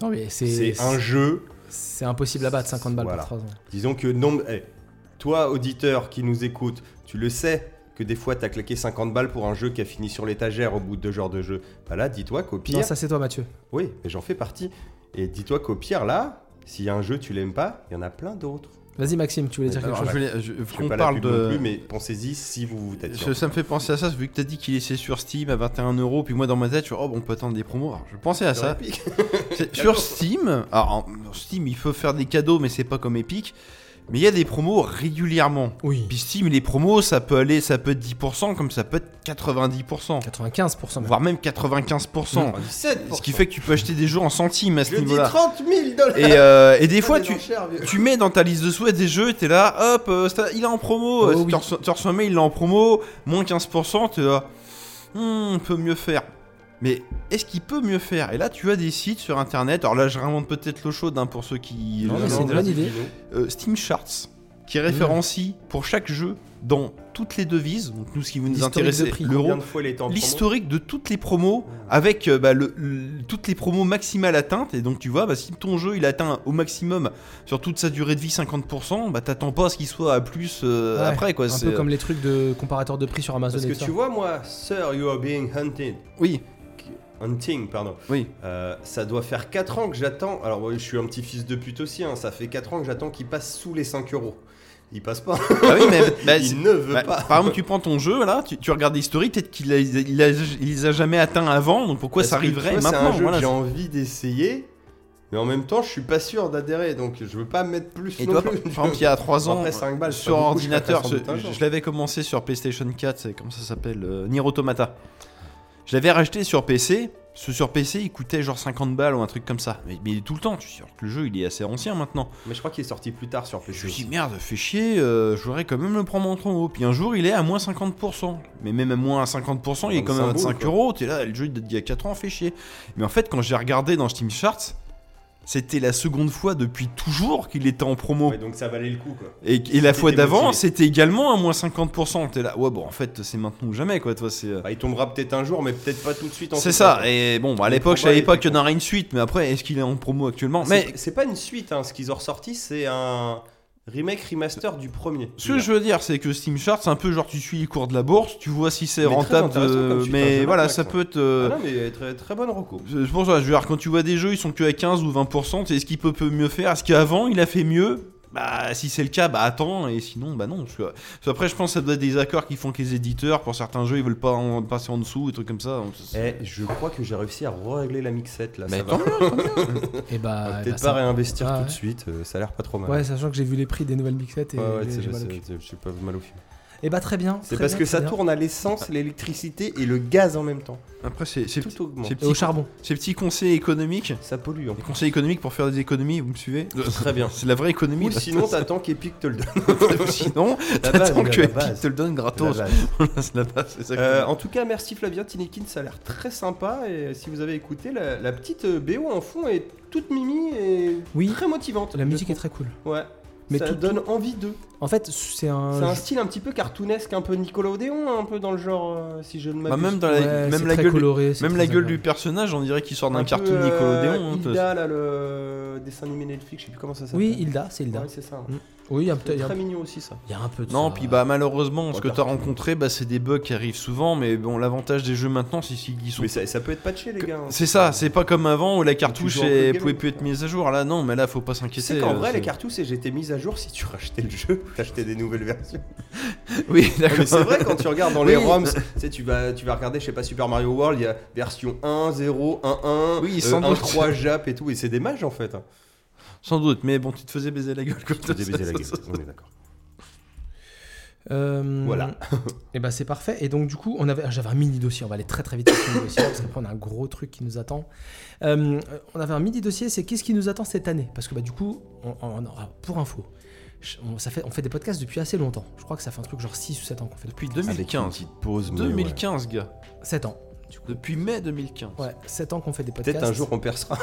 Speaker 2: Non, mais c'est
Speaker 1: c'est un jeu.
Speaker 2: c'est impossible à battre 50 balles
Speaker 1: Voilà.
Speaker 2: pour 3 ans.
Speaker 1: Disons que non, eh, toi, auditeur qui nous écoute, tu le sais que des fois, t'as claqué 50 balles pour un jeu qui a fini sur l'étagère au bout de deux genres de jeu. Bah là, dis-toi qu'au pire,
Speaker 2: Non, ça c'est toi, Mathieu.
Speaker 1: Oui, mais j'en fais partie. Et dis-toi qu'au pire, là, s'il y a un jeu, tu l'aimes pas, il y en a plein d'autres.
Speaker 2: Vas-y, Maxime, tu voulais dire quelque
Speaker 3: Alors,
Speaker 2: chose.
Speaker 3: je voulais- je-
Speaker 1: bah, Je
Speaker 3: qu'on
Speaker 1: fais pas
Speaker 3: parle
Speaker 1: la pub
Speaker 3: de.
Speaker 1: non plus, mais pensez-y si vous vous tâtez.
Speaker 3: Ça, ça me fait penser à ça, vu que t'as dit qu'il laissait sur Steam à 21 euros, puis moi dans ma tête, je suis, oh, bon, on peut attendre des promos. Alors, je pensais à ça. C'est- sur Steam, alors en- en Steam, il faut faire des cadeaux, mais c'est pas comme Epic. Mais il y a des promos régulièrement.
Speaker 2: Oui.
Speaker 3: Puis Steam, les promos, ça peut aller, ça peut être 10%, comme ça peut être 90%,
Speaker 2: 95% même.
Speaker 3: voire même 95%. Ce qui fait que tu peux acheter des jeux en centimes à ce
Speaker 1: Mmh. Je dis
Speaker 3: niveau-là.
Speaker 1: 30 000 dollars
Speaker 3: Et, euh, et des fois,
Speaker 1: Des
Speaker 3: tu,
Speaker 1: enchères, vieux.
Speaker 3: tu mets dans ta liste de souhaits des jeux, t'es là, hop, euh, ça- il est en promo,
Speaker 2: Oh
Speaker 3: euh,
Speaker 2: oui.
Speaker 3: tu reçois- tu reçois un mail, il est en promo, moins 15%, t'es là, hmm, on peut mieux faire. Mais est-ce qu'il peut mieux faire Et là, tu as des sites sur internet, alors là, je remonte peut-être l'eau chaude hein, pour ceux qui.
Speaker 2: Non,
Speaker 3: le-
Speaker 2: mais c'est Mmh.
Speaker 3: le-
Speaker 2: une bonne idée.
Speaker 3: euh, Steam Charts, qui référencie pour chaque jeu dans toutes les devises, donc nous, ce qui vous nous
Speaker 2: L'historique de
Speaker 3: intéresse,
Speaker 2: prix,
Speaker 3: l'euro,
Speaker 1: Combien de fois il était en promo
Speaker 3: l'historique de toutes les promos avec euh, bah, le- le- toutes les promos maximales atteintes et donc tu vois bah, si ton jeu il atteint au maximum sur toute sa durée de vie 50% bah t'attends pas à ce qu'il soit à plus euh,
Speaker 2: Ouais,
Speaker 3: après quoi
Speaker 2: Un
Speaker 3: c'est
Speaker 2: peu comme les trucs de comparateur de prix sur Amazon
Speaker 1: Parce
Speaker 2: et
Speaker 1: que
Speaker 2: tout ça.
Speaker 1: tu vois, moi, Sir, you are being hunted.
Speaker 3: oui
Speaker 1: Hunting, pardon.
Speaker 3: oui
Speaker 1: Euh, ça doit faire 4 ans que j'attends. Alors, ouais, je suis un petit fils de pute aussi, hein, ça fait 4 ans que j'attends qu'il passe sous les 5 euros. Il passe pas.
Speaker 3: Ah oui, mais bah, c'est-
Speaker 1: il ne veut
Speaker 3: bah,
Speaker 1: pas.
Speaker 3: par exemple tu prends ton jeu là tu, tu regardes l'historique peut-être qu'il a- il a- il les a jamais atteints avant donc pourquoi
Speaker 1: Parce
Speaker 3: ça
Speaker 1: que,
Speaker 3: arriverait
Speaker 1: tu vois,
Speaker 3: maintenant
Speaker 1: C'est un jeu
Speaker 3: voilà,
Speaker 1: que j'ai envie d'essayer. Mais en même temps, je suis pas sûr d'adhérer, donc je veux pas mettre plus.
Speaker 3: Et
Speaker 1: non
Speaker 3: toi, par
Speaker 1: plus.
Speaker 3: par exemple, il y a 3 ans,
Speaker 1: Après 5 balles, c'est
Speaker 3: sur
Speaker 1: pas beaucoup, je
Speaker 3: ordinateur,
Speaker 1: préfère
Speaker 3: ce-
Speaker 1: sans doute un
Speaker 3: je,
Speaker 1: jour.
Speaker 3: je l'avais commencé sur PlayStation 4, c'est comment ça s'appelle euh, Nier Automata. Je l'avais racheté sur PC. Ce sur PC, il coûtait genre 50 balles ou un truc comme ça. Mais, mais tout le temps, tu sûr que le jeu, il est assez ancien maintenant.
Speaker 1: Mais je crois qu'il est sorti plus tard sur
Speaker 3: Je
Speaker 1: PC.
Speaker 3: me dis merde, fais chier, euh, je voudrais quand même le prendre en trop haut. Puis un jour, il est à moins 50%. Mais même à moins 50%, il est quand même à
Speaker 1: 25
Speaker 3: 25 euros. T'es là, le jeu il date d'il y a 4 ans, fais chier. Mais en fait, quand j'ai regardé dans Steam Charts, c'était la seconde fois depuis toujours qu'il était en promo.
Speaker 1: Ouais, donc ça valait le coup quoi.
Speaker 3: Et, et la fois
Speaker 1: T'étais
Speaker 3: d'avant,
Speaker 1: motivé.
Speaker 3: c'était également à moins 50%. T'es là, ouais, bon, en fait, c'est maintenant ou jamais, quoi, toi, c'est. euh,
Speaker 1: Bah, il tombera peut-être un jour, mais peut-être pas tout de suite en
Speaker 3: C'est
Speaker 1: tout
Speaker 3: ça,
Speaker 1: cas.
Speaker 3: et bon, bah, à
Speaker 1: Le
Speaker 3: l'époque, je
Speaker 1: combat
Speaker 3: savais
Speaker 1: est
Speaker 3: pas qu'il y en
Speaker 1: con.
Speaker 3: aurait une suite, mais après, est-ce qu'il est en promo actuellement
Speaker 1: Mais
Speaker 3: Mais
Speaker 1: c'est pas une suite, hein. ce qu'ils ont ressorti, c'est un remake remaster du premier.
Speaker 3: ce que je veux dire, c'est que Steam Chart, c'est un peu genre, tu suis les cours de la bourse, tu vois si c'est
Speaker 1: Mais très
Speaker 3: rentable,
Speaker 1: intéressant
Speaker 3: euh,
Speaker 1: comme suite, hein, j'aime
Speaker 3: mais
Speaker 1: bien
Speaker 3: voilà,
Speaker 1: la
Speaker 3: ça
Speaker 1: claque,
Speaker 3: peut être.
Speaker 1: Ah
Speaker 3: euh,
Speaker 1: non, mais très, très bonne reco.
Speaker 3: C'est pour ça, je veux dire, quand tu vois des jeux, ils sont que à 15 ou 20%, c'est ce qu'il peut, peut mieux faire. Est-ce qu'avant, il a fait mieux bah, si c'est le cas, bah attends, et sinon, bah non. Parce que, parce que après, je pense que ça doit être des accords qui font que les éditeurs, pour certains jeux, ils veulent pas en passer en dessous, et trucs comme ça. Donc, c'est-
Speaker 1: Eh, je crois que j'ai réussi à régler la mixette là.
Speaker 3: Mais
Speaker 1: ça
Speaker 3: tant
Speaker 1: va.
Speaker 2: Et bah,
Speaker 1: On va
Speaker 2: bah,
Speaker 1: Peut-être
Speaker 2: ça-
Speaker 1: pas réinvestir
Speaker 2: Ah,
Speaker 1: tout
Speaker 2: ouais.
Speaker 1: de suite, euh, ça a l'air pas trop mal.
Speaker 2: Ouais, sachant que j'ai vu les prix des nouvelles mixettes et
Speaker 1: Ouais, ouais,
Speaker 2: j'ai
Speaker 1: c'est-
Speaker 2: j'ai mal au cul.
Speaker 1: c'est- c'est- j'ai pas mal au film.
Speaker 2: Et bah très bien.
Speaker 1: C'est
Speaker 2: très
Speaker 1: parce
Speaker 2: bien,
Speaker 1: que
Speaker 2: très
Speaker 1: ça
Speaker 2: bien.
Speaker 1: tourne à l'essence, l'électricité et le gaz en même temps.
Speaker 3: Après, c'est c'est petit-
Speaker 1: Tout augmente.
Speaker 3: c'est
Speaker 2: Et au
Speaker 3: petit-
Speaker 2: charbon.
Speaker 3: ces petits conseils économiques,
Speaker 1: Ça pollue hein. en
Speaker 3: les conseils économiques pour faire des économies, vous me suivez
Speaker 1: Très bien.
Speaker 3: C'est la vraie économie. là.
Speaker 1: Ou sinon, t'attends qu'Epic te le donne.
Speaker 3: sinon
Speaker 1: La base,
Speaker 3: t'attends
Speaker 1: la
Speaker 3: que
Speaker 1: base.
Speaker 3: Epic te le donne gratos.
Speaker 1: La base.
Speaker 3: C'est la base, c'est ça que-
Speaker 1: Euh, en tout cas, merci Flavien Tinikin, ça a l'air très sympa. Et si vous avez écouté, la, la petite euh, BO en fond est toute mimi et
Speaker 2: Oui.
Speaker 1: très motivante.
Speaker 2: La
Speaker 1: je
Speaker 2: musique est très
Speaker 1: trouve.
Speaker 2: cool.
Speaker 1: Ouais.
Speaker 2: Mais
Speaker 1: ça
Speaker 2: tout-
Speaker 1: donne envie d'eux.
Speaker 2: En fait, c'est un.
Speaker 1: C'est un
Speaker 2: jeu-
Speaker 1: style un petit peu cartoonesque, un peu Nicolas Odéon, hein, un peu dans le genre, euh, si je ne
Speaker 3: Bah,
Speaker 1: m'abuse.
Speaker 3: même dans la,
Speaker 2: Ouais,
Speaker 3: même
Speaker 2: c'est
Speaker 3: la
Speaker 2: très
Speaker 3: gueule, du-
Speaker 2: coloré, c'est
Speaker 3: même
Speaker 2: très
Speaker 3: la gueule du
Speaker 2: agréable.
Speaker 3: personnage, on dirait qu'il sort d'un
Speaker 1: Un
Speaker 3: cartoon
Speaker 1: peu, euh,
Speaker 3: Nickelodeon. hein,
Speaker 1: Hilda, là, le dessin animé Netflix, je sais plus comment ça s'appelle.
Speaker 2: Oui, Hilda, c'est Hilda.
Speaker 1: Ouais, c'est ça. hein.
Speaker 2: Oui, il y a peut-être- il y a-
Speaker 1: Très mignon aussi, ça.
Speaker 2: il y a un peu de
Speaker 3: Non,
Speaker 2: ça.
Speaker 3: puis bah malheureusement, ce que
Speaker 1: Regarde.
Speaker 3: t'as rencontré, bah, c'est des bugs qui arrivent souvent, mais bon, l'avantage des jeux maintenant, c'est qu'ils sont.
Speaker 1: Mais ça, ça peut être patché, les gars. hein.
Speaker 3: C'est ça, c'est pas comme avant où la cartouche
Speaker 1: joues un peu
Speaker 3: elle
Speaker 1: le
Speaker 3: pouvait
Speaker 1: game,
Speaker 3: plus être mise à jour. Là, non, mais là, faut pas
Speaker 1: Tu
Speaker 3: s'inquiéter.
Speaker 1: sais qu'en
Speaker 3: euh,
Speaker 1: vrai,
Speaker 3: c'est-
Speaker 1: les cartouches étaient mises à jour si tu rachetais le jeu, t'achetais des nouvelles versions.
Speaker 3: Oui,
Speaker 1: Non, mais c'est
Speaker 3: d'accord.
Speaker 1: vrai quand tu regardes dans les
Speaker 3: Oui.
Speaker 1: ROMs, tu sais, tu vas, tu vas regarder, je sais pas, Super Mario World, il y a version 1, 0, 1, 1,
Speaker 3: Oui, sans doute.
Speaker 1: 3 Jap euh, et tout, et c'est des mages en fait. hein.
Speaker 3: Sans doute, mais bon, tu te faisais baiser la gueule comme ça.
Speaker 1: on est d'accord.
Speaker 2: Euh,
Speaker 1: Voilà.
Speaker 2: et bah c'est parfait. Et donc du coup, on avait, ah, j'avais un mini dossier. On va aller très très vite sur ce mini dossier parce qu'après on a un gros truc qui nous attend. Euh, on avait un mini dossier. C'est qu'est-ce qui nous attend cette année Parce que bah du coup, on, on- alors, pour info, je- on, ça fait, on fait des podcasts depuis assez longtemps. Je crois que ça fait un truc genre 6 ou 7 ans qu'on fait.
Speaker 3: Depuis
Speaker 1: Avec une
Speaker 3: 2015.
Speaker 1: petite pause, mais ouais.
Speaker 3: 2015, gars.
Speaker 2: 7 ans.
Speaker 3: Depuis mai 2015.
Speaker 2: Ouais, 7 ans qu'on fait des podcasts.
Speaker 1: Peut-être un jour on percera.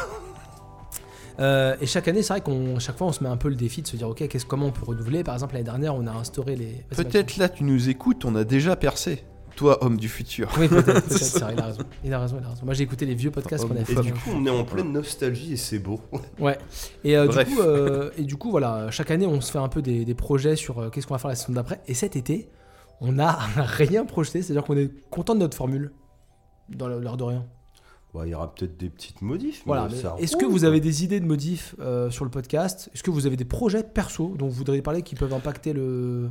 Speaker 2: Euh, et chaque année, c'est vrai qu'on chaque fois on se met un peu le défi de se dire ok, qu'est-ce comment on peut renouveler Par exemple, l'année dernière, on a instauré les. Vas-y, Maxime.
Speaker 3: Peut-être là, tu nous écoutes, on a déjà percé. Toi, homme du futur.
Speaker 2: Oui, peut-être, peut-être, c'est vrai, il a raison. Il a raison, il a raison. Moi, j'ai écouté les vieux podcasts
Speaker 3: Oh,
Speaker 2: qu'on a
Speaker 3: et
Speaker 2: fait.
Speaker 1: Ah, Et du coup, on est en pleine nostalgie et c'est beau.
Speaker 2: Ouais. Et, euh, du
Speaker 3: Bref.
Speaker 2: coup, euh, et du coup, voilà, chaque année, on se fait un peu des, des projets sur euh, qu'est-ce qu'on va faire la saison d'après. Et cet été, on n'a rien projeté, c'est-à-dire qu'on est content de notre formule. Dans le- l'heure de rien.
Speaker 1: Ouais, Bah, il y aura peut-être des petites modifs.
Speaker 2: Voilà.
Speaker 1: mais
Speaker 2: mais
Speaker 1: Bah, ça
Speaker 2: Est-ce que
Speaker 1: roule,
Speaker 2: vous
Speaker 1: quoi.
Speaker 2: avez des idées de modifs euh, sur le podcast Est-ce que vous avez des projets perso dont vous voudriez parler qui peuvent impacter le.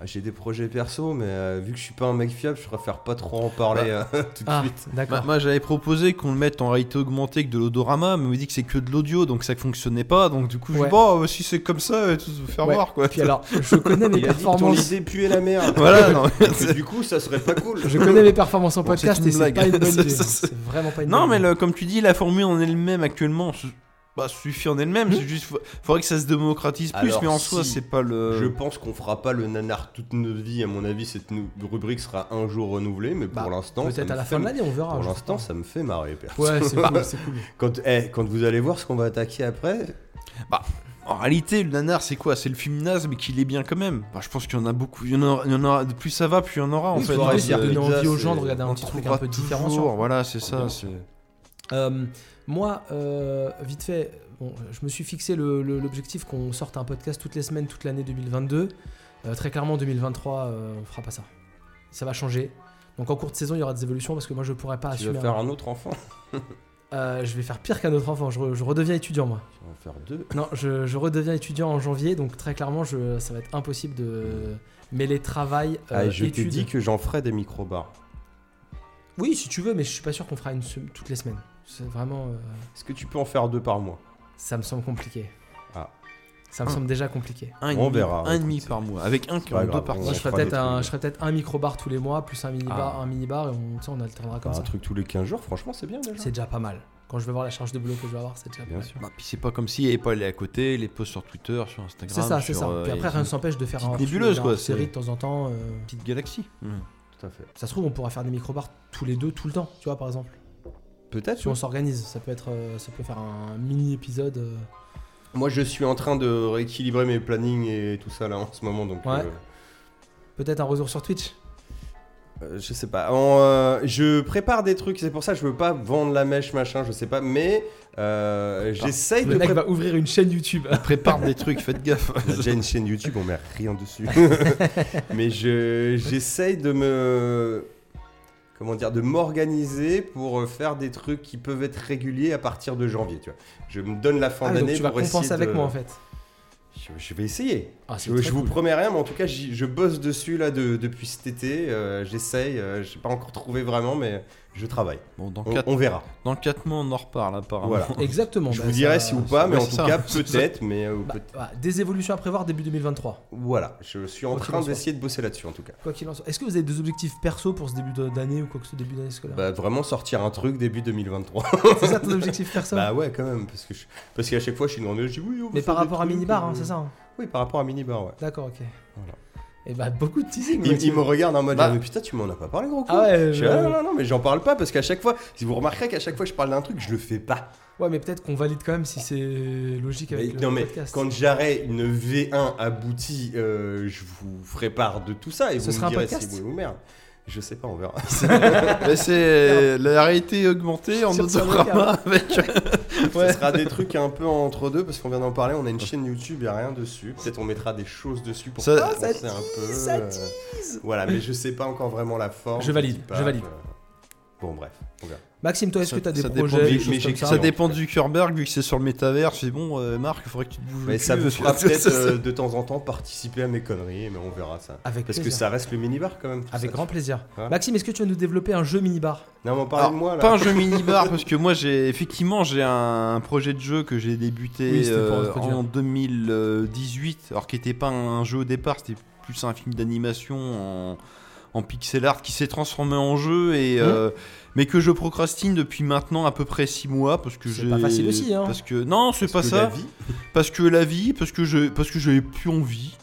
Speaker 1: Ah, J'ai des projets perso, mais euh, vu que je suis pas un mec fiable, je préfère pas trop en parler euh, tout de
Speaker 2: Ah,
Speaker 1: suite.
Speaker 3: Bah,
Speaker 2: d'accord.
Speaker 3: moi, j'avais proposé qu'on le mette en réalité augmentée avec de l'odorama, mais on me dit que c'est que de l'audio, donc ça fonctionnait pas. Donc du coup, je
Speaker 2: Ouais.
Speaker 3: dis, bon, euh, si c'est comme ça, euh, tout se faire
Speaker 2: Ouais.
Speaker 3: voir, quoi.
Speaker 2: Puis alors, je connais mes
Speaker 1: Il a dit que ton
Speaker 2: performances.
Speaker 1: idée puait la merde.
Speaker 3: Voilà, non.
Speaker 1: Et que du coup, ça serait pas cool.
Speaker 2: Je connais mes performances en
Speaker 3: Bon, c'est
Speaker 2: podcast
Speaker 3: une
Speaker 2: et c'est
Speaker 3: blague.
Speaker 2: pas une bonne idée.
Speaker 3: C'est-
Speaker 2: hein.
Speaker 3: c'est-
Speaker 2: C'est vraiment pas une
Speaker 3: Non,
Speaker 2: bonne
Speaker 3: mais
Speaker 2: idée.
Speaker 3: le- comme tu dis, la formule en elle-même actuellement su- bah, suffit en elle-même. C'est juste, fa- faudrait que ça se démocratise plus,
Speaker 1: Alors,
Speaker 3: mais en soi,
Speaker 1: si.
Speaker 3: c'est pas
Speaker 2: Euh.
Speaker 3: le.
Speaker 1: Je pense qu'on fera pas le nanar toute notre vie. À mon avis, cette nou- rubrique sera un jour renouvelée, mais pour
Speaker 2: Bah,
Speaker 1: l'instant, ça
Speaker 2: Peut-être
Speaker 1: me
Speaker 2: à la
Speaker 1: fait-
Speaker 2: fin de l'année, on verra.
Speaker 1: Pour
Speaker 2: je-
Speaker 1: l'instant, ça me fait marrer, perso.
Speaker 2: Ouais, c'est cool, c'est cool.
Speaker 1: Quand, eh, quand vous allez voir ce qu'on va attaquer après,
Speaker 3: En réalité, le nanar, c'est quoi C'est le film naze, mais qu'il est bien quand même. Bah, je pense qu'il y en a beaucoup. Il y en aura, il y en aura- plus ça va, plus il y en aura. En
Speaker 1: Oui,
Speaker 3: fait,
Speaker 1: faudrait
Speaker 3: Donc,
Speaker 2: L'idée, c'est de
Speaker 1: dire
Speaker 2: donner
Speaker 1: que
Speaker 2: envie
Speaker 1: ça,
Speaker 2: aux gens de
Speaker 1: c'est-
Speaker 2: regarder un
Speaker 3: on
Speaker 2: petit truc un
Speaker 3: trouvera
Speaker 2: peu différent.
Speaker 3: toujours.
Speaker 2: sur-
Speaker 3: Voilà, c'est ça. c'est-
Speaker 2: Euh, moi, euh, vite fait, bon, je me suis fixé le- le- l'objectif qu'on sorte un podcast toutes les semaines, toute l'année 2022. Euh, très clairement, en 2023, euh, on fera pas ça. Ça va changer. Donc en cours de saison, il y aura des évolutions parce que moi, je pourrais pas
Speaker 1: tu vas
Speaker 2: assumer.
Speaker 1: faire
Speaker 2: un-
Speaker 1: un autre enfant.
Speaker 2: Euh, je vais faire pire qu'un autre enfant. Je, re- je redeviens étudiant, moi.
Speaker 1: Tu vas en faire deux.
Speaker 2: Non, je, je redeviens étudiant en janvier, donc très clairement, je, ça va être impossible de mêler travail, euh,
Speaker 1: Ah, je t'ai
Speaker 2: études.
Speaker 1: dit que j'en ferai des micro-bars.
Speaker 2: Oui, si tu veux, mais je suis pas sûr qu'on fera une sem- toutes les semaines. C'est vraiment. euh,
Speaker 1: Est-ce que tu peux en faire deux par mois
Speaker 2: Ça me semble compliqué.
Speaker 1: Ah.
Speaker 2: Ça me
Speaker 3: Ah.
Speaker 2: semble déjà compliqué.
Speaker 3: Un et
Speaker 1: On
Speaker 3: demi-
Speaker 1: verra,
Speaker 3: Un et demi
Speaker 1: écoute.
Speaker 3: par mois, avec un qui
Speaker 1: pas
Speaker 3: en deux
Speaker 1: grave,
Speaker 3: parties.
Speaker 1: on
Speaker 2: Moi, je ferais
Speaker 1: fera des
Speaker 2: peut-être un,
Speaker 1: trucs.
Speaker 2: je ferais peut-être un micro-bar tous les mois, plus un mini-bar,
Speaker 3: Ah.
Speaker 2: un mini-bar, et on, tu sais, on alternera comme
Speaker 1: Bah,
Speaker 2: ça.
Speaker 1: un truc tous les 15 jours, franchement, c'est bien déjà.
Speaker 2: C'est déjà pas mal. Quand je vais voir la charge de boulot que je vais avoir, c'est déjà pas
Speaker 1: Bien
Speaker 2: mal.
Speaker 1: sûr.
Speaker 3: Bah, puis c'est pas comme si pas allé à côté, les posts sur Twitter, sur Instagram.
Speaker 2: C'est ça, c'est
Speaker 3: sur,
Speaker 2: ça.
Speaker 3: euh,
Speaker 2: Puis après,
Speaker 3: et-
Speaker 2: rien ne s'empêche de faire
Speaker 3: petite
Speaker 2: un
Speaker 3: nébuleuse, quoi,
Speaker 2: une
Speaker 3: c'est-
Speaker 2: série de temps en temps. euh,
Speaker 3: Petite galaxie.
Speaker 2: Hmm.
Speaker 1: Tout à fait.
Speaker 2: Ça se trouve, on pourra faire des micro-bars tous les deux, tout le temps, tu vois, par exemple.
Speaker 1: Peut-être.
Speaker 2: Si on s'organise, ça peut être, euh, ça peut faire un mini-épisode. euh,
Speaker 1: Moi, je suis en train de rééquilibrer mes plannings et tout ça là en ce moment, donc.
Speaker 2: Ouais.
Speaker 1: euh,
Speaker 2: Peut-être un retour sur Twitch.
Speaker 1: Euh, je sais pas. En, euh, je prépare des trucs, c'est pour ça que je veux pas vendre la mèche, machin, je sais pas, mais euh, j'essaye de
Speaker 2: Ah, Le mec
Speaker 1: préparer.
Speaker 2: va ouvrir une chaîne YouTube.
Speaker 3: Prépare des trucs, faites gaffe.
Speaker 1: J'ai une chaîne YouTube, on met rien dessus. mais je, j'essaye de me. Comment dire, de m'organiser pour euh, faire des trucs qui peuvent être réguliers à partir de janvier, tu vois. Je me donne la fin
Speaker 2: Ah, donc
Speaker 1: d'année
Speaker 2: tu vas
Speaker 1: pour essayer
Speaker 2: compenser avec
Speaker 1: de-
Speaker 2: moi en fait.
Speaker 1: Je, je vais essayer.
Speaker 2: Ah, c'est
Speaker 1: Je, je
Speaker 2: très
Speaker 1: vous
Speaker 2: cool.
Speaker 1: promets rien, mais en tout cas, j'y- je bosse dessus là de- depuis cet été. euh, j'essaye. euh, j'ai pas encore trouvé vraiment, mais je travaille.
Speaker 3: Bon, dans
Speaker 2: Oh.
Speaker 1: On,
Speaker 3: 4
Speaker 1: on verra.
Speaker 3: dans quatre mois, on en reparle apparemment.
Speaker 1: Voilà.
Speaker 2: Exactement.
Speaker 1: je
Speaker 2: bah,
Speaker 1: vous dirai
Speaker 2: ça-
Speaker 1: si ou pas, mais
Speaker 3: ouais,
Speaker 1: en
Speaker 3: c'est
Speaker 1: tout
Speaker 3: ça.
Speaker 1: cas,
Speaker 3: C'est ça.
Speaker 1: peut-être. Mais euh,
Speaker 2: Bah,
Speaker 1: peut-
Speaker 2: bah, des évolutions à prévoir début 2023.
Speaker 1: voilà, je suis en
Speaker 2: Quoi qu'il
Speaker 1: train
Speaker 2: en soit.
Speaker 1: d'essayer de bosser là-dessus en tout cas.
Speaker 2: Quoi qu'il en soit. Est-ce que vous avez des objectifs perso pour ce début de- d'année ou quoi que ce début d'année scolaire
Speaker 1: Bah, vraiment sortir un truc début 2023.
Speaker 2: C'est ça ton objectif perso
Speaker 1: bah, ouais, quand même, parce que je- parce qu'à chaque fois, je suis demandé, je dis oui, on va
Speaker 2: Mais par
Speaker 1: faire des
Speaker 2: rapport à
Speaker 1: trucs,
Speaker 2: minibar, hein,
Speaker 1: euh,
Speaker 2: c'est ça hein
Speaker 1: Oui, par rapport à minibar, ouais.
Speaker 2: D'accord, ok.
Speaker 1: Voilà.
Speaker 2: Et bah beaucoup de teasing.
Speaker 1: Il,
Speaker 2: Mathieu.
Speaker 1: il me regarde en mode
Speaker 3: Bah.
Speaker 1: ah, mais putain tu m'en as pas parlé gros con.
Speaker 2: Ah ouais,
Speaker 1: Je
Speaker 2: je-
Speaker 1: fais, Ah, non non non mais j'en parle pas parce qu'à chaque fois si vous remarquerez qu'à chaque fois je parle d'un truc je le fais pas.
Speaker 2: Ouais, mais peut-être qu'on valide quand même si c'est logique avec
Speaker 1: Mais-
Speaker 2: le
Speaker 1: non mais
Speaker 2: podcast.
Speaker 1: quand j'arrête une V1 aboutie, euh, je vous ferai part de tout ça et
Speaker 2: Ce
Speaker 1: vous
Speaker 2: sera un
Speaker 1: me direz
Speaker 2: podcast
Speaker 1: si oui ou merde. Je sais pas, on verra.
Speaker 3: Mais c'est la réalité augmentée en
Speaker 2: Sur
Speaker 3: autorama avec.
Speaker 1: Ce sera des trucs un peu entre deux parce qu'on vient d'en parler. On a une chaîne YouTube, il a rien dessus. Peut-être on mettra des choses dessus pour
Speaker 3: Ça-
Speaker 1: faire
Speaker 2: Ah, ça
Speaker 1: penser un
Speaker 2: tease,
Speaker 1: peu.
Speaker 2: ça
Speaker 1: euh, Voilà, mais je sais pas encore vraiment la forme.
Speaker 2: Je valide,
Speaker 1: sais
Speaker 2: je valide.
Speaker 1: euh, Bon, bref, on verra.
Speaker 2: Maxime, toi, est-ce
Speaker 3: Ça-
Speaker 2: que t'as des
Speaker 3: ça dépend
Speaker 2: projets
Speaker 1: des-
Speaker 2: des choses
Speaker 1: mais j'ai-
Speaker 2: comme ça
Speaker 3: Ça dépend du Zuckerberg, vu que c'est sur le métavers. C'est bon, euh, Marc, il faudrait que tu te bouges.
Speaker 1: Mais
Speaker 3: le
Speaker 1: ça
Speaker 3: cul,
Speaker 1: me
Speaker 3: parce que-
Speaker 1: fera peut-être euh, de temps en temps participer à mes conneries, mais on verra ça.
Speaker 2: Avec
Speaker 1: Parce que
Speaker 2: plaisir.
Speaker 1: ça reste le minibar quand même. tout
Speaker 2: Avec
Speaker 1: ça.
Speaker 2: grand plaisir.
Speaker 1: Hein
Speaker 2: Maxime, est-ce que tu vas nous développer un jeu minibar
Speaker 1: Non, mais on
Speaker 3: Alors,
Speaker 1: parle de moi là.
Speaker 3: Pas un jeu minibar parce que moi j'ai effectivement j'ai un, un projet de jeu que j'ai débuté
Speaker 2: Oui, c'était pour
Speaker 3: euh,
Speaker 2: introduire.
Speaker 3: en 2018 alors qui n'était pas un jeu au départ c'était plus un film d'animation en, en pixel art qui s'est transformé en jeu
Speaker 2: Mmh.
Speaker 3: et euh, mais que je procrastine depuis maintenant à peu près 6 mois parce que
Speaker 2: C'est
Speaker 3: j'ai-
Speaker 2: pas facile aussi, hein.
Speaker 3: parce que non c'est pas
Speaker 1: Parce que
Speaker 3: ça
Speaker 1: la vie,
Speaker 3: parce que la vie parce que je parce que j'avais plus envie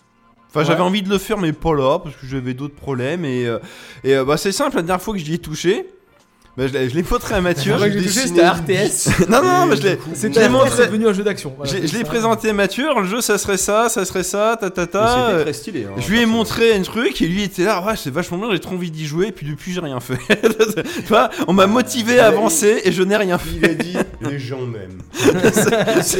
Speaker 3: Enfin,
Speaker 2: Ouais.
Speaker 3: j'avais envie de le faire, mais pas là, parce que j'avais d'autres problèmes. Et, euh, et euh, bah, c'est simple, la dernière fois que j'y ai touché, bah, je l'ai- je l'ai montré à Mathieu.
Speaker 2: La dernière fois que j'ai touché, c'était à RTS.
Speaker 3: non, non,
Speaker 1: Et
Speaker 3: mais je l'ai.
Speaker 1: du coup,
Speaker 2: C'est
Speaker 3: Je l'ai
Speaker 2: tellement
Speaker 3: montré-
Speaker 2: devenu un jeu d'action. Voilà,
Speaker 3: je l'ai-
Speaker 2: c'est
Speaker 3: je l'ai
Speaker 2: ça.
Speaker 3: présenté à Mathieu, le jeu ça serait ça, ça serait ça, ta ta
Speaker 2: Ah,
Speaker 1: mais
Speaker 3: ta.
Speaker 1: c'était
Speaker 3: euh,
Speaker 1: très stylé. hein,
Speaker 3: Je lui ai
Speaker 1: personnellement.
Speaker 3: montré un truc et lui était là, ouais, c'est vachement bien, j'ai trop envie d'y jouer, et puis depuis j'ai rien fait. tu vois, on
Speaker 2: Euh,
Speaker 3: m'a motivé à
Speaker 1: Ouais,
Speaker 3: avancer et je n'ai rien fait.
Speaker 1: Il a dit les gens m'aiment. Il s'est
Speaker 3: c'est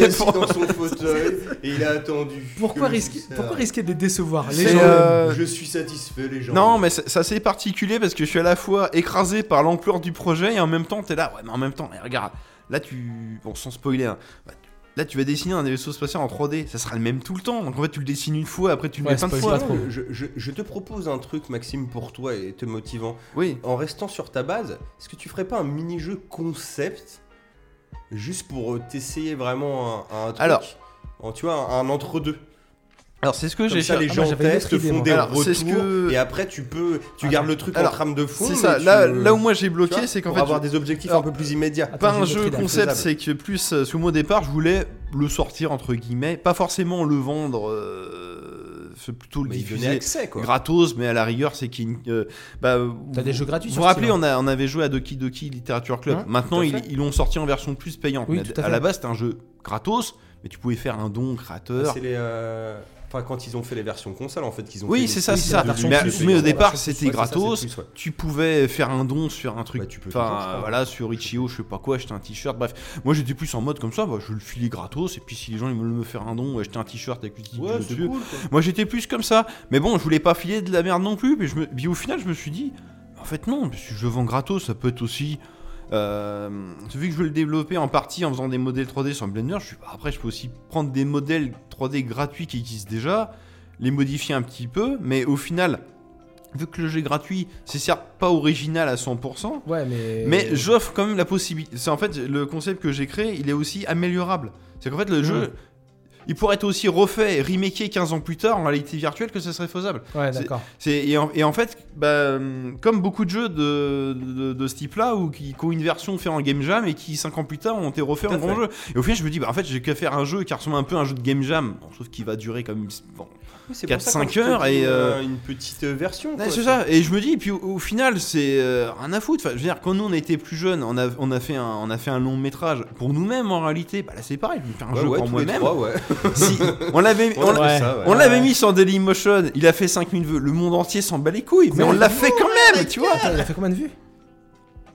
Speaker 1: assis
Speaker 3: pour-
Speaker 1: dans son fauteuil et il a attendu.
Speaker 2: Pourquoi
Speaker 1: que Ah, je
Speaker 2: risquer,
Speaker 1: dise ça.
Speaker 2: pourquoi risquer de les décevoir Les
Speaker 3: C'est,
Speaker 2: gens.
Speaker 3: euh,
Speaker 1: Je suis satisfait, les gens.
Speaker 3: Non, mais c'est c'est assez particulier parce que je suis à la fois écrasé par l'ampleur du projet et en même temps, t'es là, ouais, mais en même temps, eh, regarde, là tu. Bon, sans spoiler, hein, bah, tu- là tu vas dessiner un vaisseau spatial en 3D, ça sera le même tout le temps. Donc en fait, tu le dessines une fois, après tu le
Speaker 2: Ouais,
Speaker 3: mets plein de
Speaker 2: spoil
Speaker 3: fois.
Speaker 2: pas trop.
Speaker 1: Je, je- je te propose un truc, Maxime, pour toi et te motivant.
Speaker 3: Oui.
Speaker 1: En restant sur ta base, est-ce que tu ferais pas un mini-jeu concept juste pour euh, t'essayer vraiment un, un truc
Speaker 3: Alors.
Speaker 1: En- tu vois, un, un entre-deux.
Speaker 3: Alors c'est ce que
Speaker 1: Comme
Speaker 3: j'ai
Speaker 1: ça, les
Speaker 2: Ah,
Speaker 1: gens
Speaker 2: moi, j'avais une
Speaker 1: testent,
Speaker 2: autre idée,
Speaker 1: font
Speaker 2: moi.
Speaker 1: des
Speaker 3: Alors, c'est
Speaker 1: retours,
Speaker 3: ce que-
Speaker 1: et après tu peux, tu
Speaker 2: Ah,
Speaker 1: gardes le truc
Speaker 3: alors,
Speaker 1: en trame de fond.
Speaker 3: C'est
Speaker 1: mais
Speaker 3: ça,
Speaker 1: tu,
Speaker 3: là,
Speaker 1: euh,
Speaker 3: là où moi j'ai
Speaker 1: tu
Speaker 3: bloqué,
Speaker 1: vois,
Speaker 3: c'est qu'en
Speaker 1: pour
Speaker 3: fait.
Speaker 1: avoir
Speaker 3: je-
Speaker 1: des objectifs
Speaker 3: Alors,
Speaker 1: un peu plus immédiats.
Speaker 2: Attends,
Speaker 3: Pas
Speaker 2: j'ai
Speaker 3: un
Speaker 2: une autre
Speaker 3: jeu
Speaker 2: idée.
Speaker 3: concept,
Speaker 1: faisable.
Speaker 3: c'est que plus euh, sous mon départ, je voulais le sortir entre guillemets, pas forcément le vendre, euh, c'est plutôt le
Speaker 1: Mais il donnait
Speaker 3: diffuser
Speaker 1: Bah, accès quoi.
Speaker 3: gratos, mais à la rigueur, c'est qu'il. y a une- euh, bah,
Speaker 2: T'as des jeux gratuits
Speaker 3: Vous
Speaker 2: sur
Speaker 3: vous rappelez,
Speaker 2: Steam,
Speaker 3: on, a, on avait joué à Doki Doki Literature Club.
Speaker 2: Hein,
Speaker 3: Maintenant,
Speaker 1: tout à
Speaker 3: ils
Speaker 1: fait.
Speaker 3: ils l'ont sorti en version plus payante.
Speaker 2: Oui,
Speaker 3: mais
Speaker 2: tout à
Speaker 3: à,
Speaker 2: fait.
Speaker 3: la base, c'était un jeu gratos, mais tu pouvais faire un don au créateur.
Speaker 1: C'est les. euh, Enfin, quand ils ont fait les versions console, en fait, qu'ils ont.
Speaker 3: Oui,
Speaker 1: fait
Speaker 3: c'est
Speaker 1: des
Speaker 3: ça,
Speaker 2: oui,
Speaker 1: spéciales
Speaker 3: c'est
Speaker 2: c'est la version
Speaker 3: ça. Mais,
Speaker 2: plus,
Speaker 3: mais
Speaker 2: ouais,
Speaker 3: au
Speaker 2: la
Speaker 3: départ,
Speaker 2: version plus,
Speaker 3: c'était
Speaker 1: Ouais, c'est ça, c'est
Speaker 3: gratos.
Speaker 1: plus, ouais.
Speaker 3: Tu pouvais faire un don sur un truc,
Speaker 1: Bah, tu peux faire ça, je
Speaker 3: enfin
Speaker 1: crois.
Speaker 3: voilà, sur Ichio, je sais pas quoi, acheter un t-shirt, bref. Moi j'étais plus en mode comme ça, bah, je le filais gratos, et puis si les gens ils veulent me faire un don, acheter un t-shirt avec le titre
Speaker 1: Ouais,
Speaker 3: du jeu
Speaker 1: c'est
Speaker 3: dessus.
Speaker 1: cool, quoi.
Speaker 3: Moi j'étais plus comme ça, mais bon, je voulais pas filer de la merde non plus, mais, je me- puis au final je me suis dit, en fait non, si je le vends gratos, ça peut être aussi... Euh, vu que je veux le développer en partie en faisant des modèles 3D sur Blender, je suis, bah, après je peux aussi prendre des modèles 3D gratuits qui existent déjà, les modifier un petit peu, mais au final, vu que le jeu est gratuit, c'est certes pas original à 100%,
Speaker 2: Ouais, mais.
Speaker 3: mais j'offre quand même la possibilité. C'est en fait le concept que j'ai créé, il est aussi améliorable. C'est qu'en fait,
Speaker 1: Hmm.
Speaker 3: le jeu, il pourrait être aussi refait, remaké 15 ans plus tard en réalité virtuelle que ce serait faisable.
Speaker 2: Ouais,
Speaker 3: C'est-
Speaker 2: d'accord.
Speaker 3: C'est- Et en, et en fait, bah, hum, comme beaucoup de jeux de, de, de ce type-là, ou qui, qui ont une version faite en game jam et qui 5 ans plus tard ont été refaits en
Speaker 1: Tout à
Speaker 3: grand
Speaker 1: fait.
Speaker 3: jeu. Et au final, je me dis, bah, en fait, j'ai qu'à faire un jeu qui ressemble un peu à un jeu de game jam, bon, sauf qu'il va durer comme. bon.
Speaker 1: C'est
Speaker 3: Quatre,
Speaker 1: pour ça, quand
Speaker 3: cinq
Speaker 1: je te
Speaker 3: heures
Speaker 1: dis,
Speaker 3: et, euh,
Speaker 1: euh, une petite euh, version.
Speaker 3: Ouais,
Speaker 1: quoi.
Speaker 3: c'est ça. Et je me dis, puis au, au final, c'est euh, rien à foutre. Enfin, je veux dire, quand nous on était plus jeunes, on a, on a, fait, un, on a fait un long métrage pour nous-mêmes en réalité. Bah là, c'est pareil, je vais me faire un
Speaker 1: Ouais,
Speaker 3: jeu
Speaker 1: ouais,
Speaker 3: pour
Speaker 1: tous les
Speaker 3: moi-même.
Speaker 1: trois, ouais.
Speaker 3: Si, on l'avait.
Speaker 1: On
Speaker 3: on l'a-
Speaker 1: a fait
Speaker 2: Ouais.
Speaker 1: ça, ouais.
Speaker 3: on l'avait mis sur Dailymotion, il a fait 5000 vœux, le monde entier s'en bat les couilles, mais on l'a fait quand même, tu vois!
Speaker 2: Attends, il a fait combien de vues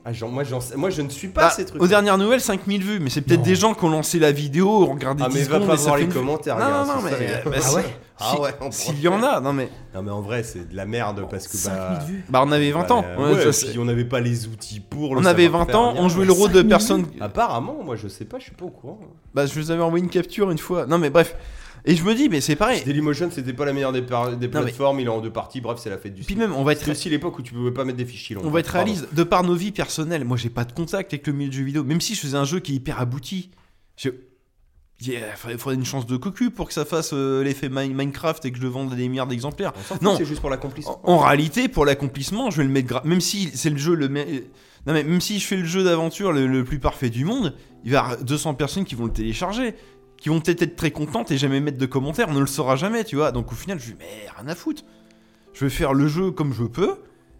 Speaker 1: Ah, genre, moi, j'en sais- moi, je ne suis pas
Speaker 3: Bah,
Speaker 1: ces trucs.
Speaker 3: Aux dernières nouvelles, 5000 vues, mais c'est peut-être
Speaker 2: Non.
Speaker 3: des gens qui ont lancé la vidéo, regardez
Speaker 1: Ah,
Speaker 3: 10
Speaker 1: mais va
Speaker 3: secondes
Speaker 1: pas
Speaker 3: et ça
Speaker 1: voir
Speaker 3: fait
Speaker 1: les
Speaker 3: une vue.
Speaker 1: commentaires.
Speaker 3: Non,
Speaker 1: regarde,
Speaker 3: non, non,
Speaker 1: ça
Speaker 3: mais.
Speaker 1: serait-
Speaker 3: bah,
Speaker 2: Ah
Speaker 3: si-
Speaker 2: ouais
Speaker 1: Ah ouais, on
Speaker 3: S'il
Speaker 1: prend-
Speaker 3: y en a, non mais.
Speaker 1: Non, mais en vrai, c'est de la merde parce que.
Speaker 2: 5000 vues.
Speaker 3: Bah, on avait 20 ans.
Speaker 1: bah,
Speaker 3: Ouais,
Speaker 1: ouais,
Speaker 3: ça,
Speaker 1: puis
Speaker 3: c'est-
Speaker 1: on n'avait pas les outils pour le
Speaker 3: on avait 20
Speaker 1: savoir-faire
Speaker 3: ans,
Speaker 1: bien.
Speaker 3: on jouait le rôle de
Speaker 2: 5000
Speaker 3: personne.
Speaker 1: Apparemment, moi, je sais pas, je suis pas au courant.
Speaker 3: Bah, je vous avais envoyé une capture une fois. Non mais bref. Et je me dis, mais c'est pareil.
Speaker 1: Dailymotion, c'était pas la meilleure des, par- des
Speaker 3: Non, mais-
Speaker 1: plateformes, il est en deux parties, bref, c'est la fête du
Speaker 3: Puis
Speaker 1: siècle.
Speaker 3: même, on va être
Speaker 1: C'est aussi l'époque où tu pouvais pas mettre des fichiers longs.
Speaker 3: On va être
Speaker 1: Pardon.
Speaker 3: réaliste, de par nos vies personnelles, moi j'ai pas de contact avec le milieu du jeu vidéo, même si je faisais un jeu qui est hyper abouti. Je... Il faudrait une chance de cocu pour que ça fasse euh, l'effet Mi- Minecraft et que je le vende à des milliards d'exemplaires.
Speaker 1: On s'en fout,
Speaker 3: Non.
Speaker 1: C'est juste pour l'accomplissement.
Speaker 3: En, en réalité, pour l'accomplissement, je vais le mettre gra- Même si c'est le jeu le me- euh, non, mais même si je fais le jeu d'aventure le, le plus parfait du monde, il va y avoir 200 personnes qui vont le télécharger, qui vont peut-être être très contentes et jamais mettre de commentaires. On ne le saura jamais, tu vois. Donc au final, je dis mais rien à foutre. Je vais faire le jeu comme je peux.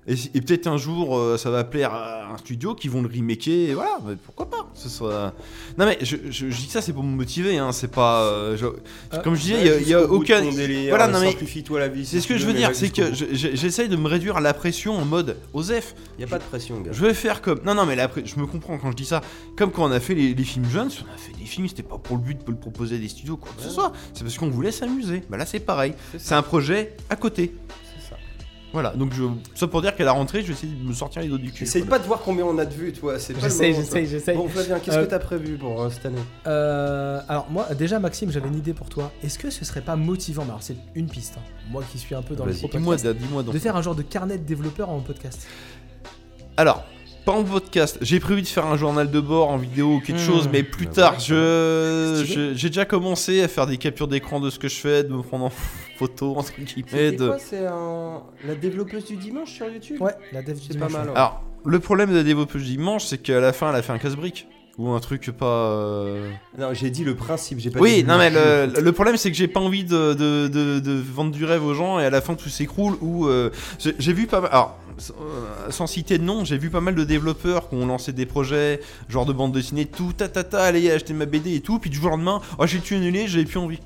Speaker 3: Et, si- et peut-être un jour, euh, ça va plaire à un studio qui vont le remaker. Et voilà, mais pourquoi pas Ce sera. Non mais je, je- je dis ça, c'est pour me motiver. hein, c'est pas. euh, je-
Speaker 2: Ah,
Speaker 3: Comme je disais, il y a- il y a,
Speaker 1: Jusqu'au bout de
Speaker 3: aucun.
Speaker 1: ton délire, euh,
Speaker 3: Voilà, non, mais-
Speaker 1: Simplifie-toi la vie.
Speaker 3: C'est
Speaker 1: si
Speaker 3: ce que
Speaker 1: tu
Speaker 3: je veux
Speaker 1: mais
Speaker 3: dire,
Speaker 1: va
Speaker 3: c'est
Speaker 1: jusqu'au
Speaker 3: que
Speaker 1: bout.
Speaker 3: je- je- j'essaye de me réduire la pression en mode Osef,
Speaker 1: Y a pas de pression, gars.
Speaker 3: je vais faire comme. Non, non, mais là, après, je me comprends quand je dis ça. Comme quand on a fait les, les films jeunes, si on a fait des films, c'était pas pour le but de le proposer à des studios, quoi que ce
Speaker 1: Ouais.
Speaker 3: soit. C'est parce qu'on voulait s'amuser. Bah là, c'est pareil. C'est un projet à côté.
Speaker 1: C'est ça.
Speaker 3: Voilà, donc je... ça pour dire qu'à la rentrée, je vais essayer de me sortir les dos du cul.
Speaker 1: Essaye
Speaker 3: quoi.
Speaker 1: pas de voir combien on a de vues, toi. C'est pas le
Speaker 2: J'essaye,
Speaker 1: moment, toi.
Speaker 2: j'essaye, j'essaye.
Speaker 1: Bon, Flavien, qu'est-ce
Speaker 2: Euh,
Speaker 1: que t'as prévu pour euh, cette année
Speaker 2: Euh, alors moi, déjà Maxime, j'avais une idée pour toi. Est-ce que ce serait pas motivant, mais alors c'est une piste, hein. moi qui suis un peu dans le
Speaker 3: Vas-y,
Speaker 2: gros
Speaker 3: Dis-moi,
Speaker 2: podcast,
Speaker 3: Dan, dis-moi donc.
Speaker 2: de faire un genre de carnet de développeurs en podcast.
Speaker 3: Alors, pas en podcast, j'ai prévu de faire un journal de bord en vidéo ou quelque
Speaker 2: Hmm.
Speaker 3: chose, mais plus
Speaker 1: Bah
Speaker 3: tard,
Speaker 1: voilà.
Speaker 3: je
Speaker 2: Stylé.
Speaker 3: je- j'ai déjà commencé à faire des captures d'écran de ce que je fais, de me prendre en photo, entre guillemets. de-
Speaker 1: C'est un... la développeuse du dimanche sur YouTube
Speaker 2: Ouais, la dev du
Speaker 1: C'est pas
Speaker 2: dimanche,
Speaker 1: mal.
Speaker 2: ouais.
Speaker 1: ouais.
Speaker 3: Alors, le problème de la développeuse dimanche, c'est qu'à la fin, elle a fait un casse-brique. Ou un truc pas. euh,
Speaker 1: Non, j'ai dit le principe, j'ai pas
Speaker 3: Oui,
Speaker 1: dit
Speaker 3: non, mais
Speaker 1: l'objet.
Speaker 3: le, le problème, c'est que j'ai pas envie de, de- de- de vendre du rêve aux gens et à la fin, tout s'écroule. Ou. euh, j'ai j'ai vu pas mal. Alors, sans- euh, sans citer de nom, j'ai vu pas mal de développeurs qui ont lancé des projets, genre de bande dessinée, tout, ta ta ta, allez acheter ma BD et tout, puis du jour au lendemain, oh, j'ai tout annulé, j'avais plus envie.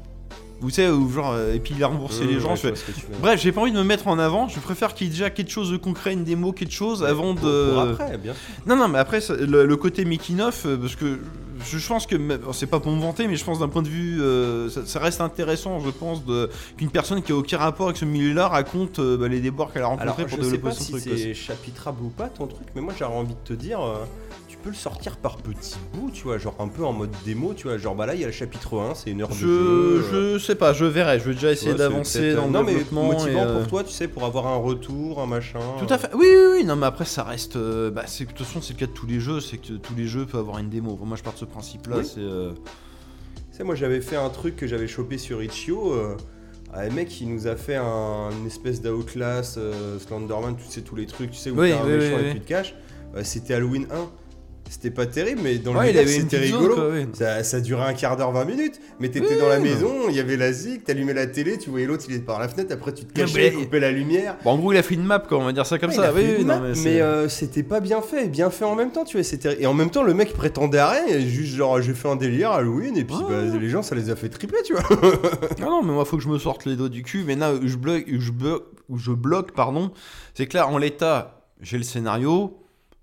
Speaker 3: Vous savez, ou genre, euh, et puis il a remboursé
Speaker 1: Euh,
Speaker 3: les gens, je
Speaker 1: ouais, je
Speaker 3: fais,
Speaker 1: vois ce que tu veux dire.
Speaker 3: Bref, j'ai pas envie de me mettre en avant, je préfère qu'il y ait déjà quelque chose de concret, une démo, quelque chose avant
Speaker 1: Pour-
Speaker 3: de.
Speaker 1: pour après, bien sûr.
Speaker 3: Non, non, mais après, ça- le, le côté making off, euh, parce que je, je pense que, même- c'est pas pour me vanter, mais je pense d'un point de vue, euh, ça, ça reste intéressant, je pense, de- qu'une personne qui a aucun rapport avec ce milieu-là raconte euh, bah, les déboires qu'elle a rencontrés
Speaker 1: Alors,
Speaker 3: pour
Speaker 1: je sais
Speaker 3: développer
Speaker 1: pas
Speaker 3: son
Speaker 1: si
Speaker 3: truc. quoi.
Speaker 1: c'est chapitrable ou pas ton truc, mais moi j'aurais envie de te dire, euh, tu peux le sortir par petits bouts, tu vois, genre un peu en mode démo, tu vois, genre bah là il y a le chapitre 1, c'est une heure de
Speaker 3: Je,
Speaker 1: jeu.
Speaker 3: je
Speaker 1: euh,
Speaker 3: sais pas, je verrai, je vais déjà
Speaker 1: tu
Speaker 3: essayer
Speaker 1: vois, c'est
Speaker 3: d'avancer
Speaker 1: peut-être,
Speaker 3: dans
Speaker 1: euh,
Speaker 3: le
Speaker 1: Non mais
Speaker 3: développement.
Speaker 1: motivant
Speaker 3: et, euh,
Speaker 1: pour toi, hein. tu sais, pour avoir un retour, un machin.
Speaker 3: Tout à fait. Oui, oui, oui. Non, mais après, ça reste. euh, bah, c'est- de toute façon, c'est le cas de tous les jeux. C'est que tous les jeux peuvent avoir une démo. Moi, je pars de ce principe-là.
Speaker 1: Oui.
Speaker 3: C'est. euh,
Speaker 1: Tu sais, moi j'avais fait un truc que j'avais chopé sur Itch.io. Euh, ah, le mec, il nous a fait un une espèce d'outclass, euh, Slenderman, tu sais, tous les trucs, tu sais, où
Speaker 3: Oui,
Speaker 1: t'as un
Speaker 3: oui,
Speaker 1: méchant
Speaker 3: oui,
Speaker 1: et
Speaker 3: oui.
Speaker 1: plus de cash. Euh, c'était Halloween 1. C'était pas terrible, mais dans
Speaker 3: ouais,
Speaker 1: le
Speaker 3: il
Speaker 1: délire,
Speaker 3: avait une
Speaker 1: c'était
Speaker 3: petite zone,
Speaker 1: rigolo.
Speaker 3: quoi, oui.
Speaker 1: ça, ça durait un quart d'heure, 20 minutes, mais t'étais dans la
Speaker 3: Mmh.
Speaker 1: maison, il y avait la zig, t'allumais la télé, tu voyais l'autre, il était par la fenêtre, après tu te
Speaker 3: Ah, mais-
Speaker 1: cachais, tu coupais la lumière.
Speaker 3: Bon, en gros, il a fait une map, quoi. On va dire ça comme
Speaker 1: Ouais, il
Speaker 3: ça.
Speaker 1: a
Speaker 3: Oui,
Speaker 1: fait
Speaker 3: oui,
Speaker 1: une
Speaker 3: non,
Speaker 1: map,
Speaker 3: mais
Speaker 1: mais
Speaker 3: c'est-
Speaker 1: euh, c'était pas bien fait, et bien fait en même temps, tu vois. C'était et en même temps le mec prétendait à rien, et juste genre j'ai fait un délire Halloween et puis
Speaker 3: Ouais,
Speaker 1: bah,
Speaker 3: ouais.
Speaker 1: les gens ça les a fait triper, tu vois.
Speaker 3: Non, non, mais moi, faut que je me sorte les doigts du cul. Mais là, où je bloque, où je bloque, où je bloque pardon, c'est que là, en l'état, j'ai le scénario,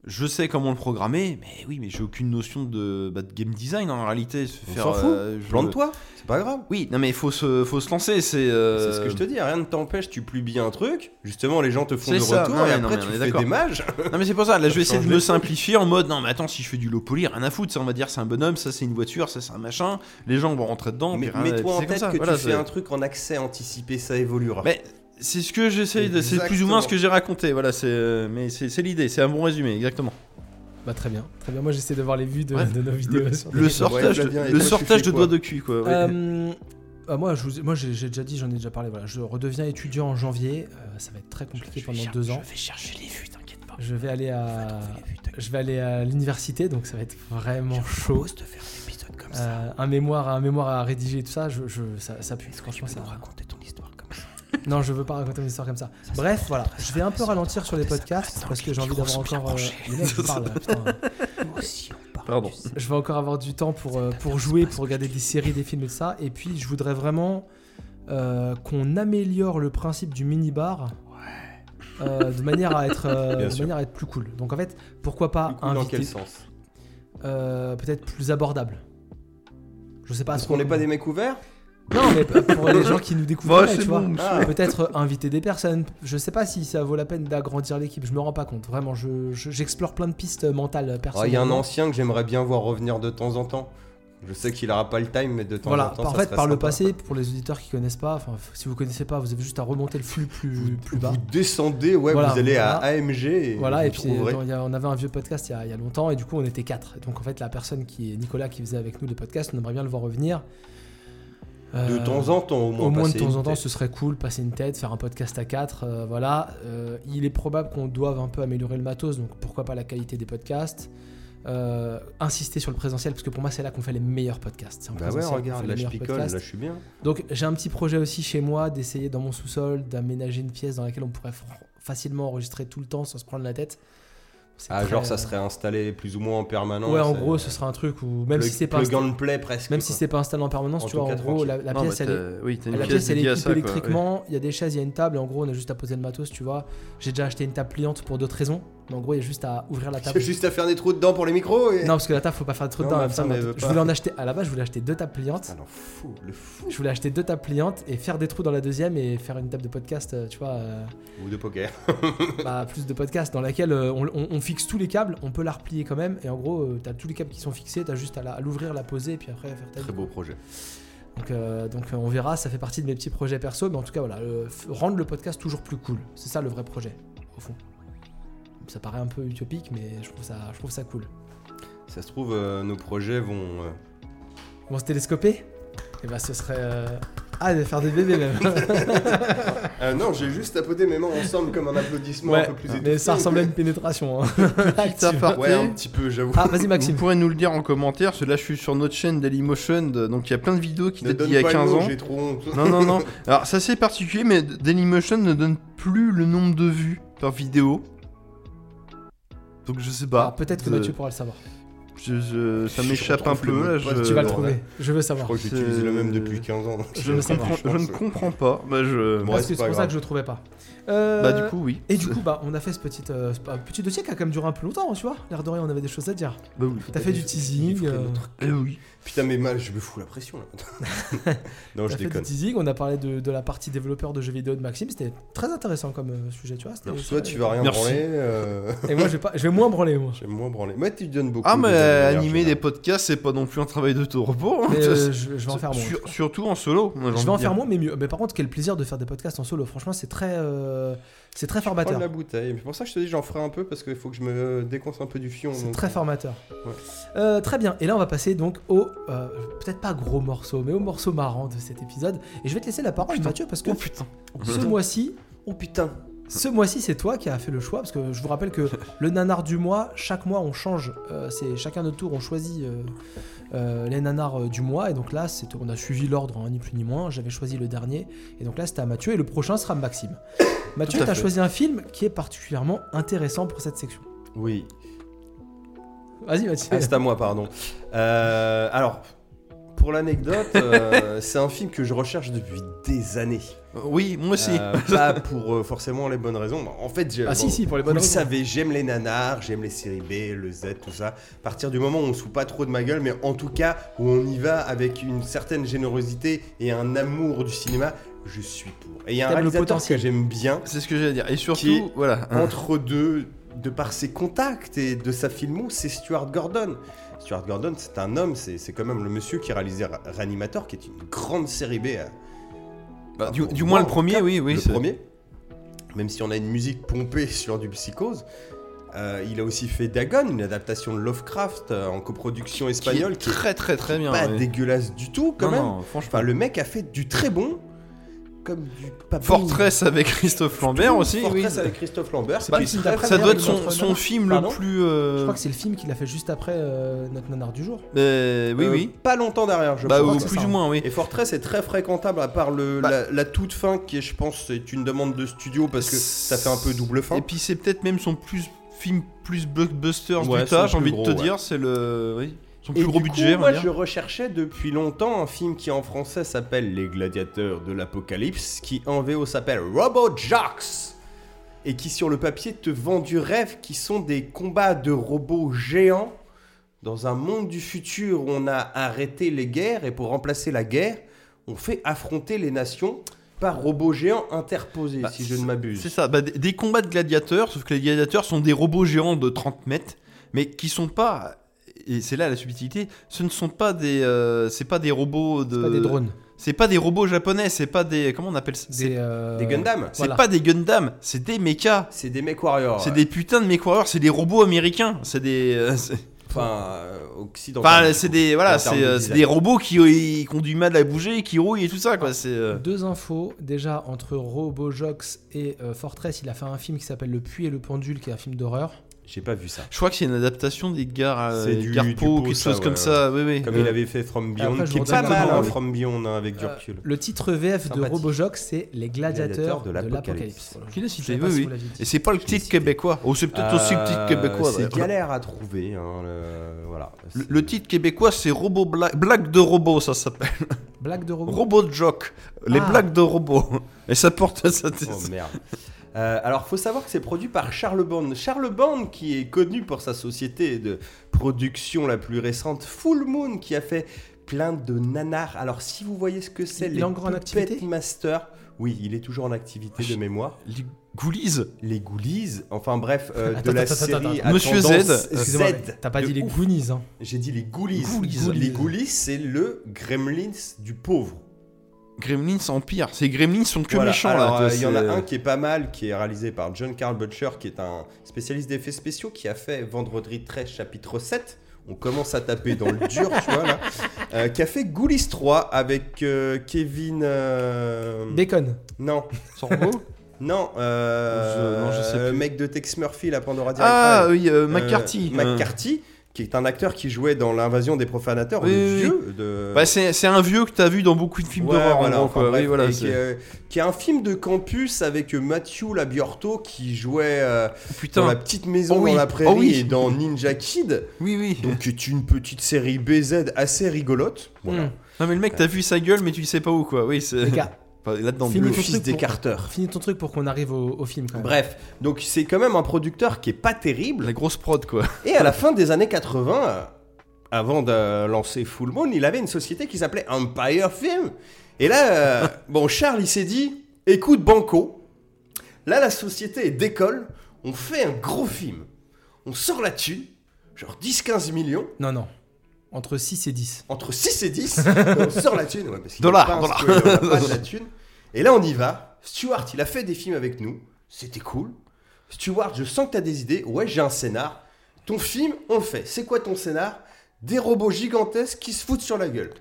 Speaker 3: je sais comment le programmer, mais oui, mais j'ai aucune notion de, bah, de game design en réalité. se
Speaker 1: On
Speaker 3: faire,
Speaker 1: s'en fout.
Speaker 3: euh, je-
Speaker 1: Plante-toi, c'est pas grave.
Speaker 3: Oui, non, mais il faut se, faut se lancer. C'est euh,
Speaker 1: C'est ce que je te dis, rien ne t'empêche, tu publies un truc, justement les gens te font
Speaker 3: C'est
Speaker 1: des
Speaker 3: ça,
Speaker 1: retours
Speaker 3: non,
Speaker 1: et
Speaker 3: mais non,
Speaker 1: après
Speaker 3: mais on
Speaker 1: tu
Speaker 3: est
Speaker 1: fais
Speaker 3: d'accord.
Speaker 1: des mages.
Speaker 3: Non mais c'est pas ça, là je vais essayer de
Speaker 1: change
Speaker 3: me
Speaker 1: les
Speaker 3: simplifier en mode non mais attends si je fais du low poly, rien à foutre, ça on va dire c'est un bonhomme, ça c'est une voiture, ça c'est un machin, les gens vont rentrer dedans,
Speaker 1: Mais
Speaker 3: puis rien-
Speaker 1: mets-toi en
Speaker 3: c'est comme
Speaker 1: tête
Speaker 3: ça,
Speaker 1: que
Speaker 3: voilà,
Speaker 1: tu fais
Speaker 3: c'est-
Speaker 1: un truc en accès anticipé, ça évoluera.
Speaker 3: Mais c'est ce que j'essaye de, c'est plus ou
Speaker 1: Exactement.
Speaker 3: moins ce que j'ai raconté, voilà c'est, euh, mais c'est, c'est l'idée, c'est un bon résumé, exactement.
Speaker 2: Bah, très bien, très bien. Moi, j'essaie d'avoir les vues de,
Speaker 3: Ouais.
Speaker 2: de nos vidéos.
Speaker 3: Le,
Speaker 2: sur-
Speaker 3: le
Speaker 6: Ouais,
Speaker 3: sortage,
Speaker 6: je
Speaker 3: de-
Speaker 6: l'ai bien, et
Speaker 3: le
Speaker 6: toi, tu
Speaker 3: sortage
Speaker 6: fais
Speaker 3: de
Speaker 6: quoi
Speaker 3: doigts de cul, quoi. ouais.
Speaker 2: Euh, bah, moi, je vous ai- moi, j'ai j'ai déjà dit, j'en ai déjà parlé. Voilà, je redeviens étudiant en janvier. Euh, ça va être très compliqué pendant deux ans.
Speaker 7: Je vais chercher les vues, t'inquiète pas.
Speaker 2: Je vais aller
Speaker 7: On va
Speaker 2: à,
Speaker 7: trouver les vues, t'inquiète
Speaker 2: je vais aller à l'université, donc ça va être vraiment
Speaker 7: pas. Je
Speaker 2: chaud.
Speaker 7: propose de faire un épisode comme ça.
Speaker 2: Euh, un mémoire, un mémoire à rédiger, et tout ça, je, je- ça, ça pue.
Speaker 7: Est-ce que tu
Speaker 2: Franchement,
Speaker 7: peux
Speaker 2: Euh, ça.
Speaker 7: nous raconter ton histoire comme ça
Speaker 2: Non, je veux pas raconter une histoire comme ça.
Speaker 7: Ça, c'est
Speaker 2: Bref,
Speaker 7: très,
Speaker 2: voilà,
Speaker 7: très
Speaker 2: je vais un peu
Speaker 7: intéressant
Speaker 2: ralentir
Speaker 7: de
Speaker 2: sur les
Speaker 7: raconter ça.
Speaker 2: podcasts
Speaker 7: Attends,
Speaker 2: parce que
Speaker 7: les
Speaker 2: j'ai envie
Speaker 7: micros
Speaker 2: d'avoir
Speaker 7: sont bien
Speaker 2: encore. euh,
Speaker 7: branchés.
Speaker 2: les mecs, je parle, là, putain.
Speaker 7: Nous aussi, on parle.
Speaker 3: Pardon.
Speaker 7: tu sais.
Speaker 2: Je vais encore avoir du temps pour, euh,
Speaker 7: C'est
Speaker 2: pour
Speaker 7: pas
Speaker 2: jouer,
Speaker 7: ce
Speaker 2: pour
Speaker 7: que
Speaker 2: regarder
Speaker 7: je
Speaker 2: des séries, des films et tout ça. Et puis, je voudrais vraiment euh, qu'on améliore le principe du minibar. euh, de manière à être euh,
Speaker 6: Bien
Speaker 2: de
Speaker 6: sûr.
Speaker 2: manière à être plus cool. Donc en fait, pourquoi pas
Speaker 1: Du coup, dans
Speaker 2: inviter
Speaker 1: quel sens
Speaker 2: euh, peut-être plus abordable. Je sais pas.
Speaker 1: Parce
Speaker 2: trop
Speaker 1: qu'on n'est pas
Speaker 2: comment-
Speaker 1: des mecs ouverts
Speaker 2: Non, mais pour les gens qui nous découvrent,
Speaker 3: Bah,
Speaker 2: tu
Speaker 3: c'est
Speaker 2: vois.
Speaker 3: bon,
Speaker 1: Ah,
Speaker 2: Peut-être euh, inviter des personnes. Je sais pas si ça vaut la peine d'agrandir l'équipe. Je me rends pas compte. Vraiment, je- je- j'explore plein de pistes euh, mentales
Speaker 1: Ah, Il
Speaker 2: personnelles.
Speaker 1: y a un ancien que j'aimerais bien voir revenir de temps en temps. Je sais qu'il aura pas le time, mais de temps
Speaker 2: Voilà.
Speaker 1: en temps.
Speaker 2: Par- en
Speaker 1: ça
Speaker 2: fait,
Speaker 1: serait
Speaker 2: par le
Speaker 1: sympa.
Speaker 2: passé, pour les auditeurs qui connaissent pas, enfin, f- si vous connaissez pas, vous avez juste à remonter le flux plus, plus bas.
Speaker 1: Vous descendez, ouais,
Speaker 2: Voilà,
Speaker 1: vous allez à
Speaker 2: voilà.
Speaker 1: AMG et
Speaker 2: Voilà,
Speaker 1: vous
Speaker 2: et puis euh,
Speaker 1: trouverez.
Speaker 2: dans- il y a- on avait un vieux podcast il y, a, il y a longtemps, et du coup on était quatre. Et donc en fait, la personne qui est Nicolas qui faisait avec nous le podcast, on aimerait bien le voir revenir.
Speaker 1: de
Speaker 2: Euh,
Speaker 1: temps en temps au moins.
Speaker 2: Au moins de
Speaker 1: passer
Speaker 2: temps
Speaker 1: une
Speaker 2: en temps,
Speaker 1: tête.
Speaker 2: ce serait cool, passer une tête, faire un podcast à 4. voilà. Euh, il est probable qu'on doive un peu améliorer le matos, donc pourquoi pas la qualité des podcasts. Euh, insister sur le présentiel, parce que pour moi, c'est là qu'on fait les meilleurs podcasts. C'est en
Speaker 1: Bah ouais,
Speaker 2: présentiel qu'on fait
Speaker 1: regarde,
Speaker 2: les
Speaker 1: là je
Speaker 2: meilleurs
Speaker 1: picole,
Speaker 2: podcasts.
Speaker 1: là je suis bien.
Speaker 2: Donc j'ai un petit projet aussi chez moi d'essayer dans mon sous-sol d'aménager une pièce dans laquelle on pourrait fr- facilement enregistrer tout le temps sans se prendre la tête. C'est
Speaker 1: Ah,
Speaker 2: très,
Speaker 1: genre
Speaker 2: euh,
Speaker 1: ça serait installé plus ou moins en permanence.
Speaker 2: ouais, en
Speaker 1: euh,
Speaker 2: gros, ce serait un truc où même si
Speaker 1: plug-
Speaker 2: c'est pas
Speaker 1: plug
Speaker 2: insta-
Speaker 1: and play presque.
Speaker 2: même
Speaker 1: quoi.
Speaker 2: si c'est pas installé en permanence,
Speaker 1: En
Speaker 2: tu
Speaker 1: tout
Speaker 2: vois, en
Speaker 1: cas,
Speaker 2: gros,
Speaker 1: tranquille.
Speaker 2: la, la
Speaker 3: Non,
Speaker 2: pièce
Speaker 3: bah,
Speaker 2: elle est
Speaker 3: t'as- Oui, t'as une
Speaker 2: la
Speaker 3: pièce
Speaker 2: pièce elle est
Speaker 3: dédiée à
Speaker 2: équipée
Speaker 3: ça, quoi.
Speaker 2: électriquement, il y a des chaises, il y a une table, et en gros on a juste à poser le matos, tu vois. J'ai déjà acheté une table pliante pour d'autres raisons, mais en gros il y a juste à ouvrir la
Speaker 1: Il y
Speaker 2: table.
Speaker 1: a juste à faire des trous dedans pour les micros et.
Speaker 2: Non parce que la table faut pas faire de trucs
Speaker 1: Non,
Speaker 2: dedans,
Speaker 1: ma
Speaker 2: elle me
Speaker 1: femme,
Speaker 2: semble-
Speaker 1: elle veut
Speaker 2: Je
Speaker 1: pas.
Speaker 2: voulais en acheter à la base, je voulais acheter deux tables pliantes.
Speaker 1: Ah non, fou, le fou.
Speaker 2: Je voulais acheter deux tables pliantes et faire des trous dans la deuxième et faire une table de podcast, euh, tu vois, euh,
Speaker 1: Ou de poker.
Speaker 2: bah, plus de podcast dans laquelle euh, on, on- on fixe tous les câbles, on peut la replier quand même et en gros euh, t'as tous les câbles qui sont fixés, t'as juste à la- à l'ouvrir, la, poser et puis après à faire ta
Speaker 1: Très
Speaker 2: vie.
Speaker 1: beau projet.
Speaker 2: Donc, euh, donc euh, on verra, ça fait partie de mes petits projets perso, mais en tout cas voilà, euh, f- rendre le podcast toujours plus cool, c'est ça le vrai projet au fond. Ça paraît un peu utopique, mais je trouve ça, je trouve ça cool.
Speaker 1: Ça se trouve, euh, nos projets vont. euh,
Speaker 2: On va se télescoper Et bah ce serait euh, ah de faire des bébés même.
Speaker 1: Ah non, j'ai juste tapoté mes mains ensemble comme un applaudissement un peu plus étouffé.
Speaker 2: mais ça ressemblait à une pénétration. hein.
Speaker 3: Petit aparté.
Speaker 1: Ouais, un petit peu, j'avoue.
Speaker 2: ah vas-y
Speaker 3: Vous
Speaker 2: Maxime.
Speaker 3: pourrez nous le dire en commentaire, parce que là je suis sur notre chaîne Dailymotion, de- donc il y a plein de vidéos qui
Speaker 1: ne
Speaker 3: datent
Speaker 1: donne
Speaker 3: d'il y a
Speaker 1: pas le
Speaker 3: 15
Speaker 1: nom,
Speaker 3: ans.
Speaker 1: J'ai trop honte.
Speaker 3: Non, non, non. Alors, c'est assez particulier, mais Dailymotion ne donne plus le nombre de vues par vidéo. Donc, je sais
Speaker 2: Alors, Ah,
Speaker 3: pas.
Speaker 2: peut-être que
Speaker 3: Je-
Speaker 2: Mathieu pourra le savoir.
Speaker 3: je- je- ça
Speaker 1: Je
Speaker 3: m'échappe un
Speaker 1: retrouve le
Speaker 3: peu.
Speaker 1: mot de
Speaker 3: là,
Speaker 1: passe,
Speaker 3: je...
Speaker 2: tu vas le
Speaker 1: alors,
Speaker 2: trouver. Je veux
Speaker 1: Je
Speaker 2: savoir.
Speaker 1: crois que j'utilise
Speaker 3: C'est-
Speaker 1: le même depuis 15 ans. donc
Speaker 3: je
Speaker 1: c'est-
Speaker 3: ne
Speaker 2: veux savoir.
Speaker 3: comprends, je ne comprends pas. Bah, je...
Speaker 1: Bon,
Speaker 2: Parce
Speaker 1: c'est
Speaker 2: que c'est
Speaker 1: pas
Speaker 2: pour ça
Speaker 1: grave.
Speaker 2: que je le trouvais pas. Euh,
Speaker 3: bah, du coup, oui.
Speaker 2: Et du coup, bah, on a fait ce petit, euh, ce- un petit dossier qui a quand même duré un peu longtemps, tu vois. L'air de rien, on avait des choses à dire.
Speaker 3: Bah, oui.
Speaker 2: T'as fait du
Speaker 1: Il faut
Speaker 2: teasing.
Speaker 1: qu'il y ait
Speaker 2: euh,
Speaker 1: d'autres.
Speaker 3: Eh oui.
Speaker 1: Putain, mais mal, je me fous la pression là. non,
Speaker 2: On
Speaker 1: je
Speaker 2: a fait du
Speaker 1: déconne.
Speaker 2: teasing, on a parlé de, de la partie développeur de jeux vidéo de Maxime, c'était très intéressant comme euh, sujet, tu vois. c'était-
Speaker 1: Alors, soit tu vas rien
Speaker 3: Merci.
Speaker 1: branler, euh,
Speaker 2: Et moi, je vais, pas, je vais moins branler, moi.
Speaker 1: j'aime moins branler. Moi, tu donnes beaucoup.
Speaker 3: Ah, mais
Speaker 1: de-
Speaker 3: animer
Speaker 1: de-
Speaker 3: des podcasts, c'est pas non plus un travail de tout repos. hein.
Speaker 2: Mais,
Speaker 3: Ça,
Speaker 2: euh,
Speaker 3: c'est-
Speaker 2: je, je vais en faire moins.
Speaker 3: sur- Surtout en solo.
Speaker 2: Je
Speaker 3: moi, j'ai envie
Speaker 2: vais en
Speaker 3: de
Speaker 2: faire
Speaker 3: dire.
Speaker 2: moins, mais mieux. Mais par contre, quel plaisir de faire des podcasts en solo. Franchement, c'est très, euh, c'est très
Speaker 1: Prends
Speaker 3: Oh,
Speaker 2: formateur.
Speaker 1: de la bouteille. C'est pour ça que je te dis, j'en ferai un peu parce qu'il faut que je me déconce un peu du fion.
Speaker 2: C'est
Speaker 1: donc,
Speaker 2: très formateur.
Speaker 1: Ouais.
Speaker 2: Euh, très bien. Et là, on va passer donc au euh, peut-être pas gros morceau, mais au morceau marrant de cet épisode. Et je vais te laisser la parole,
Speaker 3: putain.
Speaker 2: Mathieu, parce que
Speaker 3: Oh putain.
Speaker 2: ce
Speaker 3: putain.
Speaker 2: mois-ci,
Speaker 1: Oh putain.
Speaker 2: Ce mois-ci, c'est toi qui as fait le choix, parce que je vous rappelle que le nanar du mois, chaque mois, on change. euh, c'est chacun notre tour, on choisit euh, euh, les nanars euh, du mois. Et donc là, c'est, on a suivi l'ordre, hein, ni plus ni moins. J'avais choisi le dernier. Et donc là, c'était à Mathieu. Et le prochain sera Maxime. Mathieu,
Speaker 3: Tout à
Speaker 2: tu as
Speaker 3: fait.
Speaker 2: choisi un film qui est particulièrement intéressant pour cette section.
Speaker 1: Oui,
Speaker 2: Vas-y, Mathieu.
Speaker 1: Ah, c'est à moi, pardon. Euh, alors, pour l'anecdote, euh, c'est un film que je recherche depuis des années.
Speaker 3: Oui, moi aussi.
Speaker 1: Euh, pas pour euh, forcément les bonnes raisons. En fait, j'ai-
Speaker 2: Ah,
Speaker 1: bon,
Speaker 2: si, si, pour les
Speaker 1: vous
Speaker 2: bonnes
Speaker 1: le
Speaker 2: raisons.
Speaker 1: savez, j'aime les nanars, j'aime les séries B, le Z, tout ça. À partir du moment où on se fout pas trop de ma gueule, mais en tout cas où on y va avec une certaine générosité et un amour du cinéma, je suis pour. Et il y a
Speaker 2: T'aimes
Speaker 1: un
Speaker 2: le
Speaker 1: réalisateur que
Speaker 2: potentiel. Ah.
Speaker 1: j'aime bien,
Speaker 3: C'est ce que j'allais dire. Et surtout,
Speaker 1: Qui-
Speaker 3: voilà. hein.
Speaker 1: entre deux, de par ses contacts et de sa filmo, c'est Stuart Gordon. Stuart Gordon, c'est un homme, c'est c'est quand même le monsieur qui a réalisé Ra- Reanimator, qui est une grande série B. Ah, euh,
Speaker 3: Bah, du,
Speaker 1: pour
Speaker 3: du
Speaker 1: moi,
Speaker 3: moins
Speaker 1: en
Speaker 3: le
Speaker 1: tout
Speaker 3: premier,
Speaker 1: cas,
Speaker 3: oui, oui.
Speaker 1: le
Speaker 3: c'est-
Speaker 1: premier. Même si on a une musique pompée sur du psychose, Euh, il a aussi fait Dagon, une adaptation de Lovecraft euh, en coproduction espagnole qui est
Speaker 3: très très très bien.
Speaker 1: pas
Speaker 3: ouais.
Speaker 1: dégueulasse du tout quand
Speaker 3: Non,
Speaker 1: même.
Speaker 3: non, franchement.
Speaker 1: Enfin, le mec a fait du très bon, comme du pas bon.
Speaker 3: Fortress avec Christophe Lambert aussi. oui.
Speaker 1: Fortress avec Christophe Lambert, c'est
Speaker 3: Bah,
Speaker 1: pas
Speaker 2: c'est
Speaker 1: très-
Speaker 2: d'après,
Speaker 3: Ça doit être
Speaker 2: d'ailleurs,
Speaker 3: son,
Speaker 2: notre
Speaker 3: son
Speaker 2: nanar.
Speaker 3: film
Speaker 1: Pardon
Speaker 3: le plus. euh,
Speaker 2: Je crois que c'est le film qu'il a fait juste après euh, notre nanar du jour.
Speaker 3: euh, oui,
Speaker 1: euh,
Speaker 3: oui.
Speaker 1: Pas longtemps derrière, je
Speaker 3: Bah,
Speaker 1: crois.
Speaker 3: ou
Speaker 2: que c'est
Speaker 3: plus
Speaker 2: ça,
Speaker 3: ou
Speaker 2: hein.
Speaker 3: moins, oui.
Speaker 1: Et Fortress est très fréquentable à part le,
Speaker 3: Bah-
Speaker 1: la, la toute fin qui, est, je pense, est une demande de studio parce que ça fait un peu double fin.
Speaker 3: Et puis c'est peut-être même son plus film plus blockbuster
Speaker 1: Ouais,
Speaker 3: du tas,
Speaker 1: son
Speaker 3: j'ai envie
Speaker 1: plus
Speaker 3: de te
Speaker 1: gros,
Speaker 3: dire, c'est le oui, son
Speaker 1: Et
Speaker 3: plus gros
Speaker 1: du coup,
Speaker 3: budget. on va
Speaker 1: moi,
Speaker 3: dire.
Speaker 1: je recherchais depuis longtemps un film qui en français s'appelle Les Gladiateurs de l'Apocalypse, qui en VO s'appelle Robo Jocks, et qui sur le papier te vend du rêve, qui sont des combats de robots géants dans un monde du futur où on a arrêté les guerres et pour remplacer la guerre, on fait affronter les nations par robots géants interposés,
Speaker 3: Bah,
Speaker 1: si je ne m'abuse.
Speaker 3: C'est ça, bah, des, des combats de gladiateurs, sauf que les gladiateurs sont des robots géants de 30 mètres, mais qui sont pas et c'est là la subtilité, ce ne sont pas des euh, c'est pas des robots de
Speaker 2: C'est
Speaker 1: euh,
Speaker 2: pas des drones.
Speaker 3: C'est pas des robots japonais, c'est pas des comment on appelle ça C'est
Speaker 2: Des, euh,
Speaker 1: Des Gundam
Speaker 3: c'est
Speaker 2: voilà.
Speaker 3: pas des Gundam, c'est des mechas.
Speaker 1: C'est des mecs warriors.
Speaker 3: C'est des putains de mécoireurs, c'est des robots américains, c'est des euh, c'est-
Speaker 1: Enfin, euh, occidentaux.
Speaker 3: Enfin, c'est des voilà,
Speaker 1: en termes
Speaker 3: c'est
Speaker 1: de
Speaker 3: euh, c'est
Speaker 1: design.
Speaker 3: des robots qui, euh, qui ont du mal à bouger, qui rouillent et tout ça quoi. C'est euh,
Speaker 2: Deux infos. Déjà, entre Robojox et euh, Fortress, il a fait un film qui s'appelle Le Puits et le Pendule, qui est un film d'horreur.
Speaker 1: J'ai pas vu ça.
Speaker 3: je crois que c'est une adaptation des gars
Speaker 1: C'est
Speaker 3: euh,
Speaker 1: du- du
Speaker 3: Garpo
Speaker 1: pot,
Speaker 3: ou quelque
Speaker 1: ça,
Speaker 3: chose
Speaker 1: ouais,
Speaker 3: comme
Speaker 1: ouais.
Speaker 3: ça. Oui oui.
Speaker 1: Comme
Speaker 3: Euh,
Speaker 1: il avait fait From
Speaker 2: Après,
Speaker 1: Beyond,
Speaker 2: je
Speaker 1: qui
Speaker 2: vous
Speaker 1: est pas
Speaker 2: redonne
Speaker 1: mal
Speaker 2: la
Speaker 1: hein,
Speaker 2: parole.
Speaker 1: From Beyond hein, avec du
Speaker 2: Euh,
Speaker 1: recul.
Speaker 2: le titre VF de
Speaker 1: Sympathique.
Speaker 2: Robojox, c'est Les Gladiateurs de l'Apocalypse. Voilà,
Speaker 3: Qui l'a
Speaker 2: je sais
Speaker 3: cité,
Speaker 2: pas
Speaker 3: oui,
Speaker 2: si
Speaker 3: oui.
Speaker 2: vous l'aviez dit.
Speaker 3: Euh, Et c'est pas le titre québécois. Oh, c'est peut-être aussi le titre
Speaker 1: Euh,
Speaker 3: québécois.
Speaker 1: C'est
Speaker 3: d'ailleurs.
Speaker 1: galère à trouver. hein, le... Voilà.
Speaker 3: Le, le titre québécois, c'est Robot Blague, Blague de robot, ça s'appelle.
Speaker 2: Blague de
Speaker 1: Oh. Euh,
Speaker 2: Robot.
Speaker 3: Robot Jock. Les
Speaker 2: Ah.
Speaker 3: blagues de robot. Et ça porte à ça.
Speaker 1: Oh merde. Euh, alors, faut savoir que c'est produit par Charles Band. Charles Band, qui est connu pour sa société de production la plus récente, Full Moon, qui a fait plein de nanars. Alors, si vous voyez ce que c'est,
Speaker 2: Il
Speaker 1: les
Speaker 2: est encore en
Speaker 1: Puppet
Speaker 2: activité
Speaker 1: Master. Oui, il est toujours en activité de mémoire.
Speaker 3: Ah, Les Ghoulies.
Speaker 1: Les Ghoulies, enfin bref, euh, de
Speaker 2: Attends,
Speaker 1: la
Speaker 2: attends, attends,
Speaker 1: série
Speaker 2: attends.
Speaker 1: à
Speaker 3: Monsieur
Speaker 1: tendance
Speaker 3: Z,
Speaker 2: Excusez-moi, mais
Speaker 1: Z,
Speaker 2: T'as pas
Speaker 1: de
Speaker 2: dit les
Speaker 1: ouf.
Speaker 2: Goonies, hein.
Speaker 1: J'ai dit les ghoulies.
Speaker 3: Ghoulies.
Speaker 1: Les ghoulies, c'est le gremlins du pauvre.
Speaker 3: Gremlins Empire. Ces Gremlins sont que
Speaker 1: Voilà.
Speaker 3: méchants
Speaker 1: Alors,
Speaker 3: là.
Speaker 1: euh, il y en a
Speaker 3: c'est-
Speaker 1: un qui est pas mal, qui est réalisé par John Carl Butcher, qui est un spécialiste d'effets spéciaux, qui a fait Vendredi 13, chapitre 7. On commence à taper dans le dur, tu vois là. Euh, qui a fait Ghoulies 3 avec euh, Kevin. euh,
Speaker 2: Bacon.
Speaker 1: Non,
Speaker 3: Sorbo
Speaker 1: non, euh,
Speaker 3: Je- non, je sais
Speaker 1: le
Speaker 3: plus.
Speaker 1: mec de Tex Murphy là pendant Radio
Speaker 3: Ah oui, euh, McCarthy. Euh,
Speaker 1: McCarthy, qui est un acteur qui jouait dans L'invasion des profanateurs,
Speaker 3: Oui,
Speaker 1: le
Speaker 3: oui, oui.
Speaker 1: vieux de.
Speaker 3: Bah, c'est c'est un vieux que t'as vu dans beaucoup de films
Speaker 1: Ouais,
Speaker 3: d'horreur. en
Speaker 1: voilà,
Speaker 3: gros,
Speaker 1: enfin,
Speaker 3: quoi.
Speaker 1: bref,
Speaker 3: Oui, voilà,
Speaker 1: et
Speaker 3: c'est-
Speaker 1: qui, est, euh, qui est un film de campus avec Mathieu Labiorto qui jouait euh,
Speaker 3: Putain.
Speaker 1: dans la petite maison
Speaker 3: Oh oui,
Speaker 1: dans la prairie
Speaker 3: oh oui.
Speaker 1: et dans Ninja Kid,
Speaker 3: Oui, oui.
Speaker 1: donc qui est une petite série BZ assez rigolote. Voilà.
Speaker 2: Mm.
Speaker 3: Non, mais le mec, t'as vu sa gueule, mais tu sais pas où, quoi. Oui, c'est.
Speaker 2: Les gars,
Speaker 3: Enfin, Là-dedans.
Speaker 2: Fini
Speaker 1: Le
Speaker 2: ton
Speaker 1: fils
Speaker 2: truc
Speaker 1: des
Speaker 2: pour-
Speaker 1: Carter.
Speaker 2: finis ton truc pour qu'on arrive au, au film quand même.
Speaker 1: Bref, donc c'est quand même un producteur qui est pas terrible.
Speaker 3: La grosse prod, quoi.
Speaker 1: Et à la fin des années 80, euh, avant de lancer Full Moon, il avait une société qui s'appelait Empire Film. Et là, euh, bon, Charles, il s'est dit, écoute Banco, là la société décolle, on fait un gros film, on sort la thune, genre 10-15 millions,
Speaker 2: Non, non. Entre 6 et 10.
Speaker 1: entre 6 et 10, on sort la thune. Ouais, parce qu'il
Speaker 3: Dollars,
Speaker 1: est pas un
Speaker 3: dollars.
Speaker 1: square, on a pas de la thune. Et là, on y va. Stuart, il a fait des films avec nous. C'était cool. Stuart, je sens que t'as des idées. Ouais, j'ai un scénar. Ton film, on le fait. C'est quoi ton scénar Des robots gigantesques qui se foutent sur la gueule.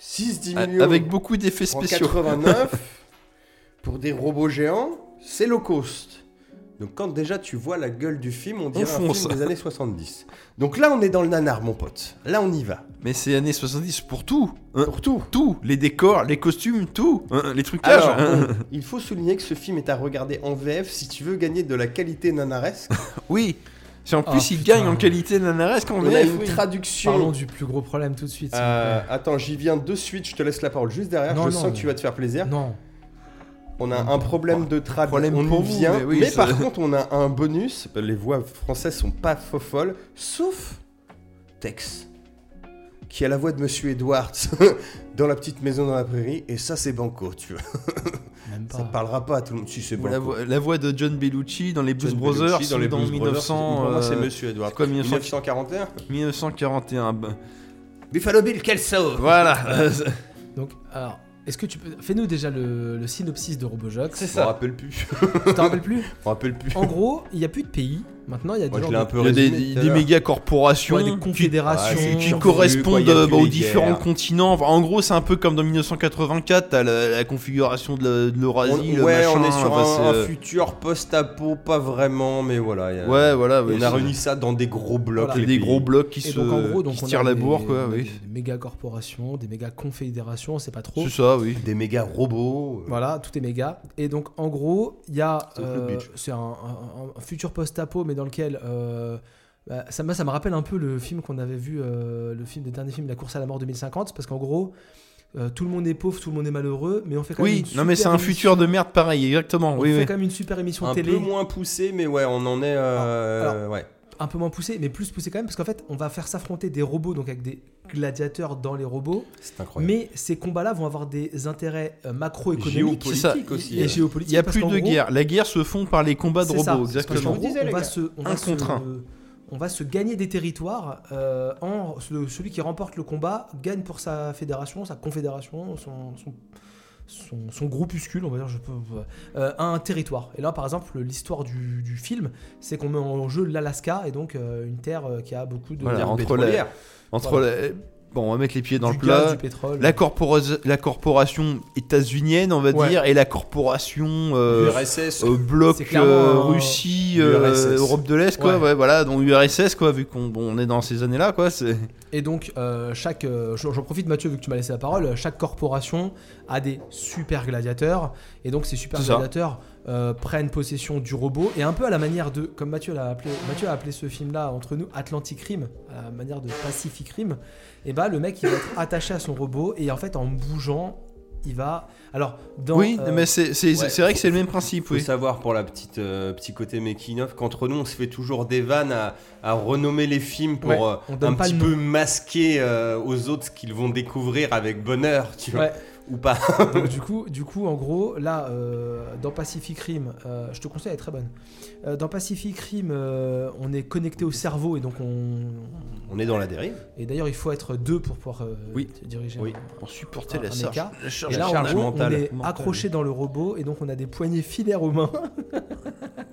Speaker 1: 6-10 millions
Speaker 3: Avec beaucoup d'effets
Speaker 1: oh. en
Speaker 3: spéciaux.
Speaker 1: 89 pour des robots géants, c'est low cost. Donc quand déjà tu vois la gueule du film, on dirait un
Speaker 3: fonce.
Speaker 1: film des années 70. Donc là, on est dans le nanar, mon pote. Là, on y va.
Speaker 3: Mais c'est années 70 pour tout. hein.
Speaker 1: Pour tout.
Speaker 3: Tout. Les décors, les costumes, tout. Hein, Les trucages.
Speaker 1: Alors,
Speaker 3: hein.
Speaker 1: on- il faut souligner que ce film est à regarder en VF si tu veux gagner de la qualité nanaresque.
Speaker 3: Oui. Si en
Speaker 2: Ah,
Speaker 3: plus, il
Speaker 2: putain.
Speaker 3: gagne en qualité nanaresque en
Speaker 1: Oh, On a
Speaker 3: VF.
Speaker 1: une
Speaker 3: oui.
Speaker 1: traduction.
Speaker 2: Parlons du plus gros problème tout de suite. s'il vous
Speaker 1: Euh,
Speaker 2: plaît.
Speaker 1: attends, j'y viens de suite, je te laisse la parole juste derrière,
Speaker 2: Non,
Speaker 1: je
Speaker 2: non,
Speaker 1: sens que
Speaker 2: mais-
Speaker 1: tu vas te faire plaisir.
Speaker 2: Non.
Speaker 1: On a un problème de trad,
Speaker 3: Problème
Speaker 1: on
Speaker 3: pour
Speaker 1: y
Speaker 3: vous,
Speaker 1: vient,
Speaker 3: mais oui, ça-
Speaker 1: par contre on a un bonus, les voix françaises sont pas folles, sauf Tex, qui a la voix de Monsieur Edwards dans la petite maison dans la prairie, et ça c'est banco, tu vois.
Speaker 2: Même
Speaker 1: Ça
Speaker 2: pas.
Speaker 1: parlera pas à tout le monde, si c'est
Speaker 3: Ou La,
Speaker 1: banco.
Speaker 3: voix, la voix de John Bellucci dans les Blues
Speaker 1: John
Speaker 3: Brothers
Speaker 1: Bellucci
Speaker 3: dans les
Speaker 1: Blues Brothers,
Speaker 3: 1900,
Speaker 1: pour moi c'est
Speaker 3: euh,
Speaker 1: Monsieur Edwards.
Speaker 3: c'est quoi, 1900?
Speaker 1: 1941
Speaker 3: 1941. bah,
Speaker 1: Buffalo Bill Kelso
Speaker 3: Voilà.
Speaker 2: Donc, alors, est-ce que tu peux. Fais-nous déjà le, le synopsis de Robojox.
Speaker 1: ça. On rappelle plus.
Speaker 2: Tu t'en rappelles plus
Speaker 1: On rappelle plus.
Speaker 2: En gros, il n'y a plus de pays. Maintenant, il y a des,
Speaker 1: Moi, je
Speaker 2: genres
Speaker 1: l'ai un
Speaker 2: de-
Speaker 1: peu
Speaker 3: Il y a des,
Speaker 1: résumé
Speaker 3: des-
Speaker 1: tout à
Speaker 3: des
Speaker 1: l'heure.
Speaker 3: méga corporations
Speaker 2: ouais, des
Speaker 3: qui,
Speaker 2: confédérations.
Speaker 1: ouais, Ah, c'est
Speaker 3: qui
Speaker 1: Sur- quoi,
Speaker 3: correspondent
Speaker 1: il y a
Speaker 3: euh,
Speaker 1: tous
Speaker 3: bah, aux
Speaker 1: les
Speaker 3: différents
Speaker 1: guerres.
Speaker 3: continents. Enfin, en gros, c'est un peu comme dans 1984, t'as la, la configuration de la- de
Speaker 1: On-
Speaker 3: l'Eurasie, le
Speaker 1: ouais,
Speaker 3: machin,
Speaker 1: on est sur
Speaker 3: enfin,
Speaker 1: un,
Speaker 3: c'est,
Speaker 1: un
Speaker 3: euh,
Speaker 1: futur post-apo, pas vraiment, mais voilà. il y a-
Speaker 3: Ouais, voilà. ouais,
Speaker 1: on
Speaker 3: c'est-
Speaker 1: a réuni ça dans des gros blocs.
Speaker 2: Voilà.
Speaker 3: c'est
Speaker 1: les
Speaker 3: des
Speaker 1: pays.
Speaker 3: gros blocs qui
Speaker 2: Et
Speaker 3: se,
Speaker 2: donc, en gros, donc,
Speaker 3: qui se
Speaker 2: on
Speaker 3: tirent
Speaker 2: a
Speaker 3: la
Speaker 2: des-
Speaker 3: bourre, quoi.
Speaker 2: on a
Speaker 3: Oui.
Speaker 2: Des méga corporations, des méga confédérations, on sait pas trop.
Speaker 3: C'est ça, oui.
Speaker 1: des méga robots.
Speaker 2: Voilà, tout est méga. Et donc, en gros, il y a.
Speaker 1: Sauf le
Speaker 2: euh,
Speaker 1: bitch.
Speaker 2: c'est un, un- un futur post-apo, mais dans lequel. euh, bah, ça, me- ça me rappelle un peu le film qu'on avait vu, euh, le film, le dernier film, La course à la mort 2050, parce qu'en gros, euh, tout le monde est pauvre, tout le monde est malheureux, mais on fait quand même.
Speaker 3: Oui,
Speaker 2: une
Speaker 3: non mais c'est
Speaker 2: super
Speaker 3: un
Speaker 2: émission-
Speaker 3: futur de merde pareil, exactement.
Speaker 2: On
Speaker 3: Oui,
Speaker 2: fait
Speaker 3: oui.
Speaker 2: quand même une super émission
Speaker 1: Un
Speaker 2: télé,
Speaker 1: peu moins poussé, mais ouais, on en est. euh, ouais.
Speaker 2: un peu moins poussée, mais plus poussée quand même, parce qu'en fait, on va faire s'affronter des robots, donc avec des gladiateurs dans les robots,
Speaker 1: C'est incroyable.
Speaker 2: mais ces combats-là vont avoir des intérêts euh, macroéconomiques
Speaker 3: c'est ça.
Speaker 1: Géopolitique aussi.
Speaker 2: et
Speaker 1: ouais.
Speaker 2: géopolitiques.
Speaker 3: Il y a
Speaker 2: parce
Speaker 3: plus
Speaker 2: qu'en
Speaker 3: de
Speaker 2: gros,
Speaker 3: guerre. La guerre se fond par les combats de
Speaker 2: C'est ça,
Speaker 3: robots,
Speaker 2: c'est ce que je
Speaker 3: exactement.
Speaker 2: vous disais,
Speaker 4: les
Speaker 2: on va
Speaker 4: gars.
Speaker 2: se, on
Speaker 3: Un
Speaker 2: va se-
Speaker 3: contre un.
Speaker 2: on va se gagner des territoires euh, en ce- celui qui remporte le combat gagne pour sa fédération, sa confédération, son, son, son- son groupuscule, on va dire, je peux, euh, un territoire. Et là, par exemple, l'histoire du, du film, c'est qu'on met en jeu l'Alaska et donc euh, une terre euh, qui a beaucoup de
Speaker 3: Voilà,
Speaker 2: du
Speaker 3: entre
Speaker 1: Pétrolière.
Speaker 3: Entre
Speaker 2: Voilà.
Speaker 3: la- bon, on va mettre les pieds dans le
Speaker 2: gaz,
Speaker 3: plat.
Speaker 2: du pétrole.
Speaker 3: La, corpora- la corporation états-unienne, on va
Speaker 2: Ouais.
Speaker 3: dire, et la corporation euh,
Speaker 1: URSS.
Speaker 3: euh, bloc
Speaker 2: C'est clairement
Speaker 3: euh,
Speaker 2: un-
Speaker 3: Russie, euh,
Speaker 1: URSS.
Speaker 3: Europe de l'Est, quoi.
Speaker 2: Ouais.
Speaker 3: ouais, voilà, donc URSS, quoi, vu qu'on bon, on est dans ces années-là, quoi. C'est
Speaker 2: Et donc, euh, chaque. euh, J'en j'en profite, Mathieu, vu que tu m'as laissé la parole. euh, Chaque corporation a des super gladiateurs. Et donc, ces super
Speaker 3: C'est ça.
Speaker 2: gladiateurs euh, prennent possession du robot. Et un peu à la manière de. Comme Mathieu l'a appelé, Mathieu a appelé ce film-là, entre nous, Atlantic Rim, à la manière de Pacific Rim. Et bah, le mec, il va être attaché à son robot. Et en fait, en bougeant, il va. Alors, dans.
Speaker 3: oui,
Speaker 2: euh,
Speaker 3: mais c'est c'est-
Speaker 1: ouais.
Speaker 3: c'est vrai que c'est le même principe,
Speaker 1: Faut
Speaker 3: oui.
Speaker 1: savoir pour la petite euh, petit côté making of qu'entre nous on se fait toujours des vannes à, à renommer les films pour
Speaker 2: Ouais,
Speaker 1: euh,
Speaker 2: on donne
Speaker 1: un
Speaker 2: pas
Speaker 1: petit
Speaker 2: le
Speaker 1: peu masquer euh, aux autres ce qu'ils vont découvrir avec bonheur, tu vois,
Speaker 2: Ouais.
Speaker 1: ou pas.
Speaker 2: Donc, du coup, du coup, en gros, là, euh, dans Pacific Rim, euh, je te conseille, elle est très bonne. Euh, dans Pacific Rim, euh, on est connecté au cerveau et donc on.
Speaker 1: On est dans la dérive.
Speaker 2: Et d'ailleurs, il faut être deux pour pouvoir euh,
Speaker 3: Oui.
Speaker 2: diriger.
Speaker 1: Oui.
Speaker 2: un-
Speaker 3: Pour supporter
Speaker 2: Un-
Speaker 3: la
Speaker 2: un
Speaker 3: charge.
Speaker 2: écart.
Speaker 3: la charge
Speaker 2: Et là, en
Speaker 1: charge
Speaker 2: gros,
Speaker 1: mentale.
Speaker 2: on est
Speaker 3: Mentale.
Speaker 2: accroché dans le robot et donc on a des poignées filaires aux mains.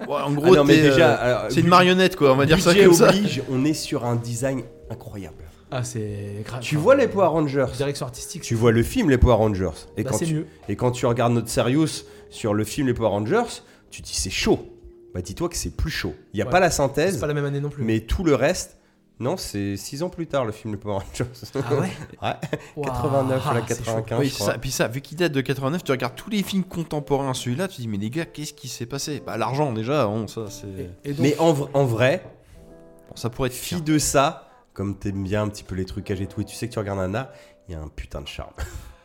Speaker 3: Ouais, en gros,
Speaker 1: Ah non, mais
Speaker 3: t'es, euh,
Speaker 1: déjà, alors,
Speaker 3: c'est une
Speaker 1: budget-
Speaker 3: marionnette, quoi, on va dire ça
Speaker 1: budget
Speaker 3: comme ça.
Speaker 1: oblige, on est sur un design incroyable.
Speaker 2: Ah, c'est grave. euh,
Speaker 1: Tu vois les Power Rangers.
Speaker 2: Direction artistique.
Speaker 1: Tu vois le film Les Power Rangers. Et,
Speaker 2: Bah,
Speaker 1: quand,
Speaker 2: c'est
Speaker 1: tu,
Speaker 2: mieux.
Speaker 1: et quand tu regardes notre Sirius sur le film Les Power Rangers, tu dis c'est chaud. Bah dis-toi que c'est plus chaud. Il n'y a
Speaker 2: Ouais.
Speaker 1: pas la
Speaker 2: C'est
Speaker 1: synthèse,
Speaker 2: pas la même année non plus.
Speaker 1: mais tout le reste. Non, c'est 6 ans plus tard le film Les Power Rangers.
Speaker 2: Ah ouais
Speaker 1: Ouais.
Speaker 2: Ouah,
Speaker 1: 89 ou la
Speaker 2: ah, c'est chaud.
Speaker 1: 95.
Speaker 3: Oui,
Speaker 1: je
Speaker 3: c'est
Speaker 1: crois.
Speaker 3: ça. Puis ça, vu qu'il date de 89, tu regardes tous les films contemporains, celui-là, tu dis, mais les gars, qu'est-ce qui s'est passé Bah, l'argent, déjà, bon, ça, c'est.
Speaker 2: Et, et donc,
Speaker 1: Mais en, vr- en vrai,
Speaker 3: Bon, ça pourrait être
Speaker 1: fi
Speaker 3: fidèle.
Speaker 1: de ça, comme t'aimes bien un petit peu les trucages et tout, et tu sais que tu regardes un art, il y a un putain de charme.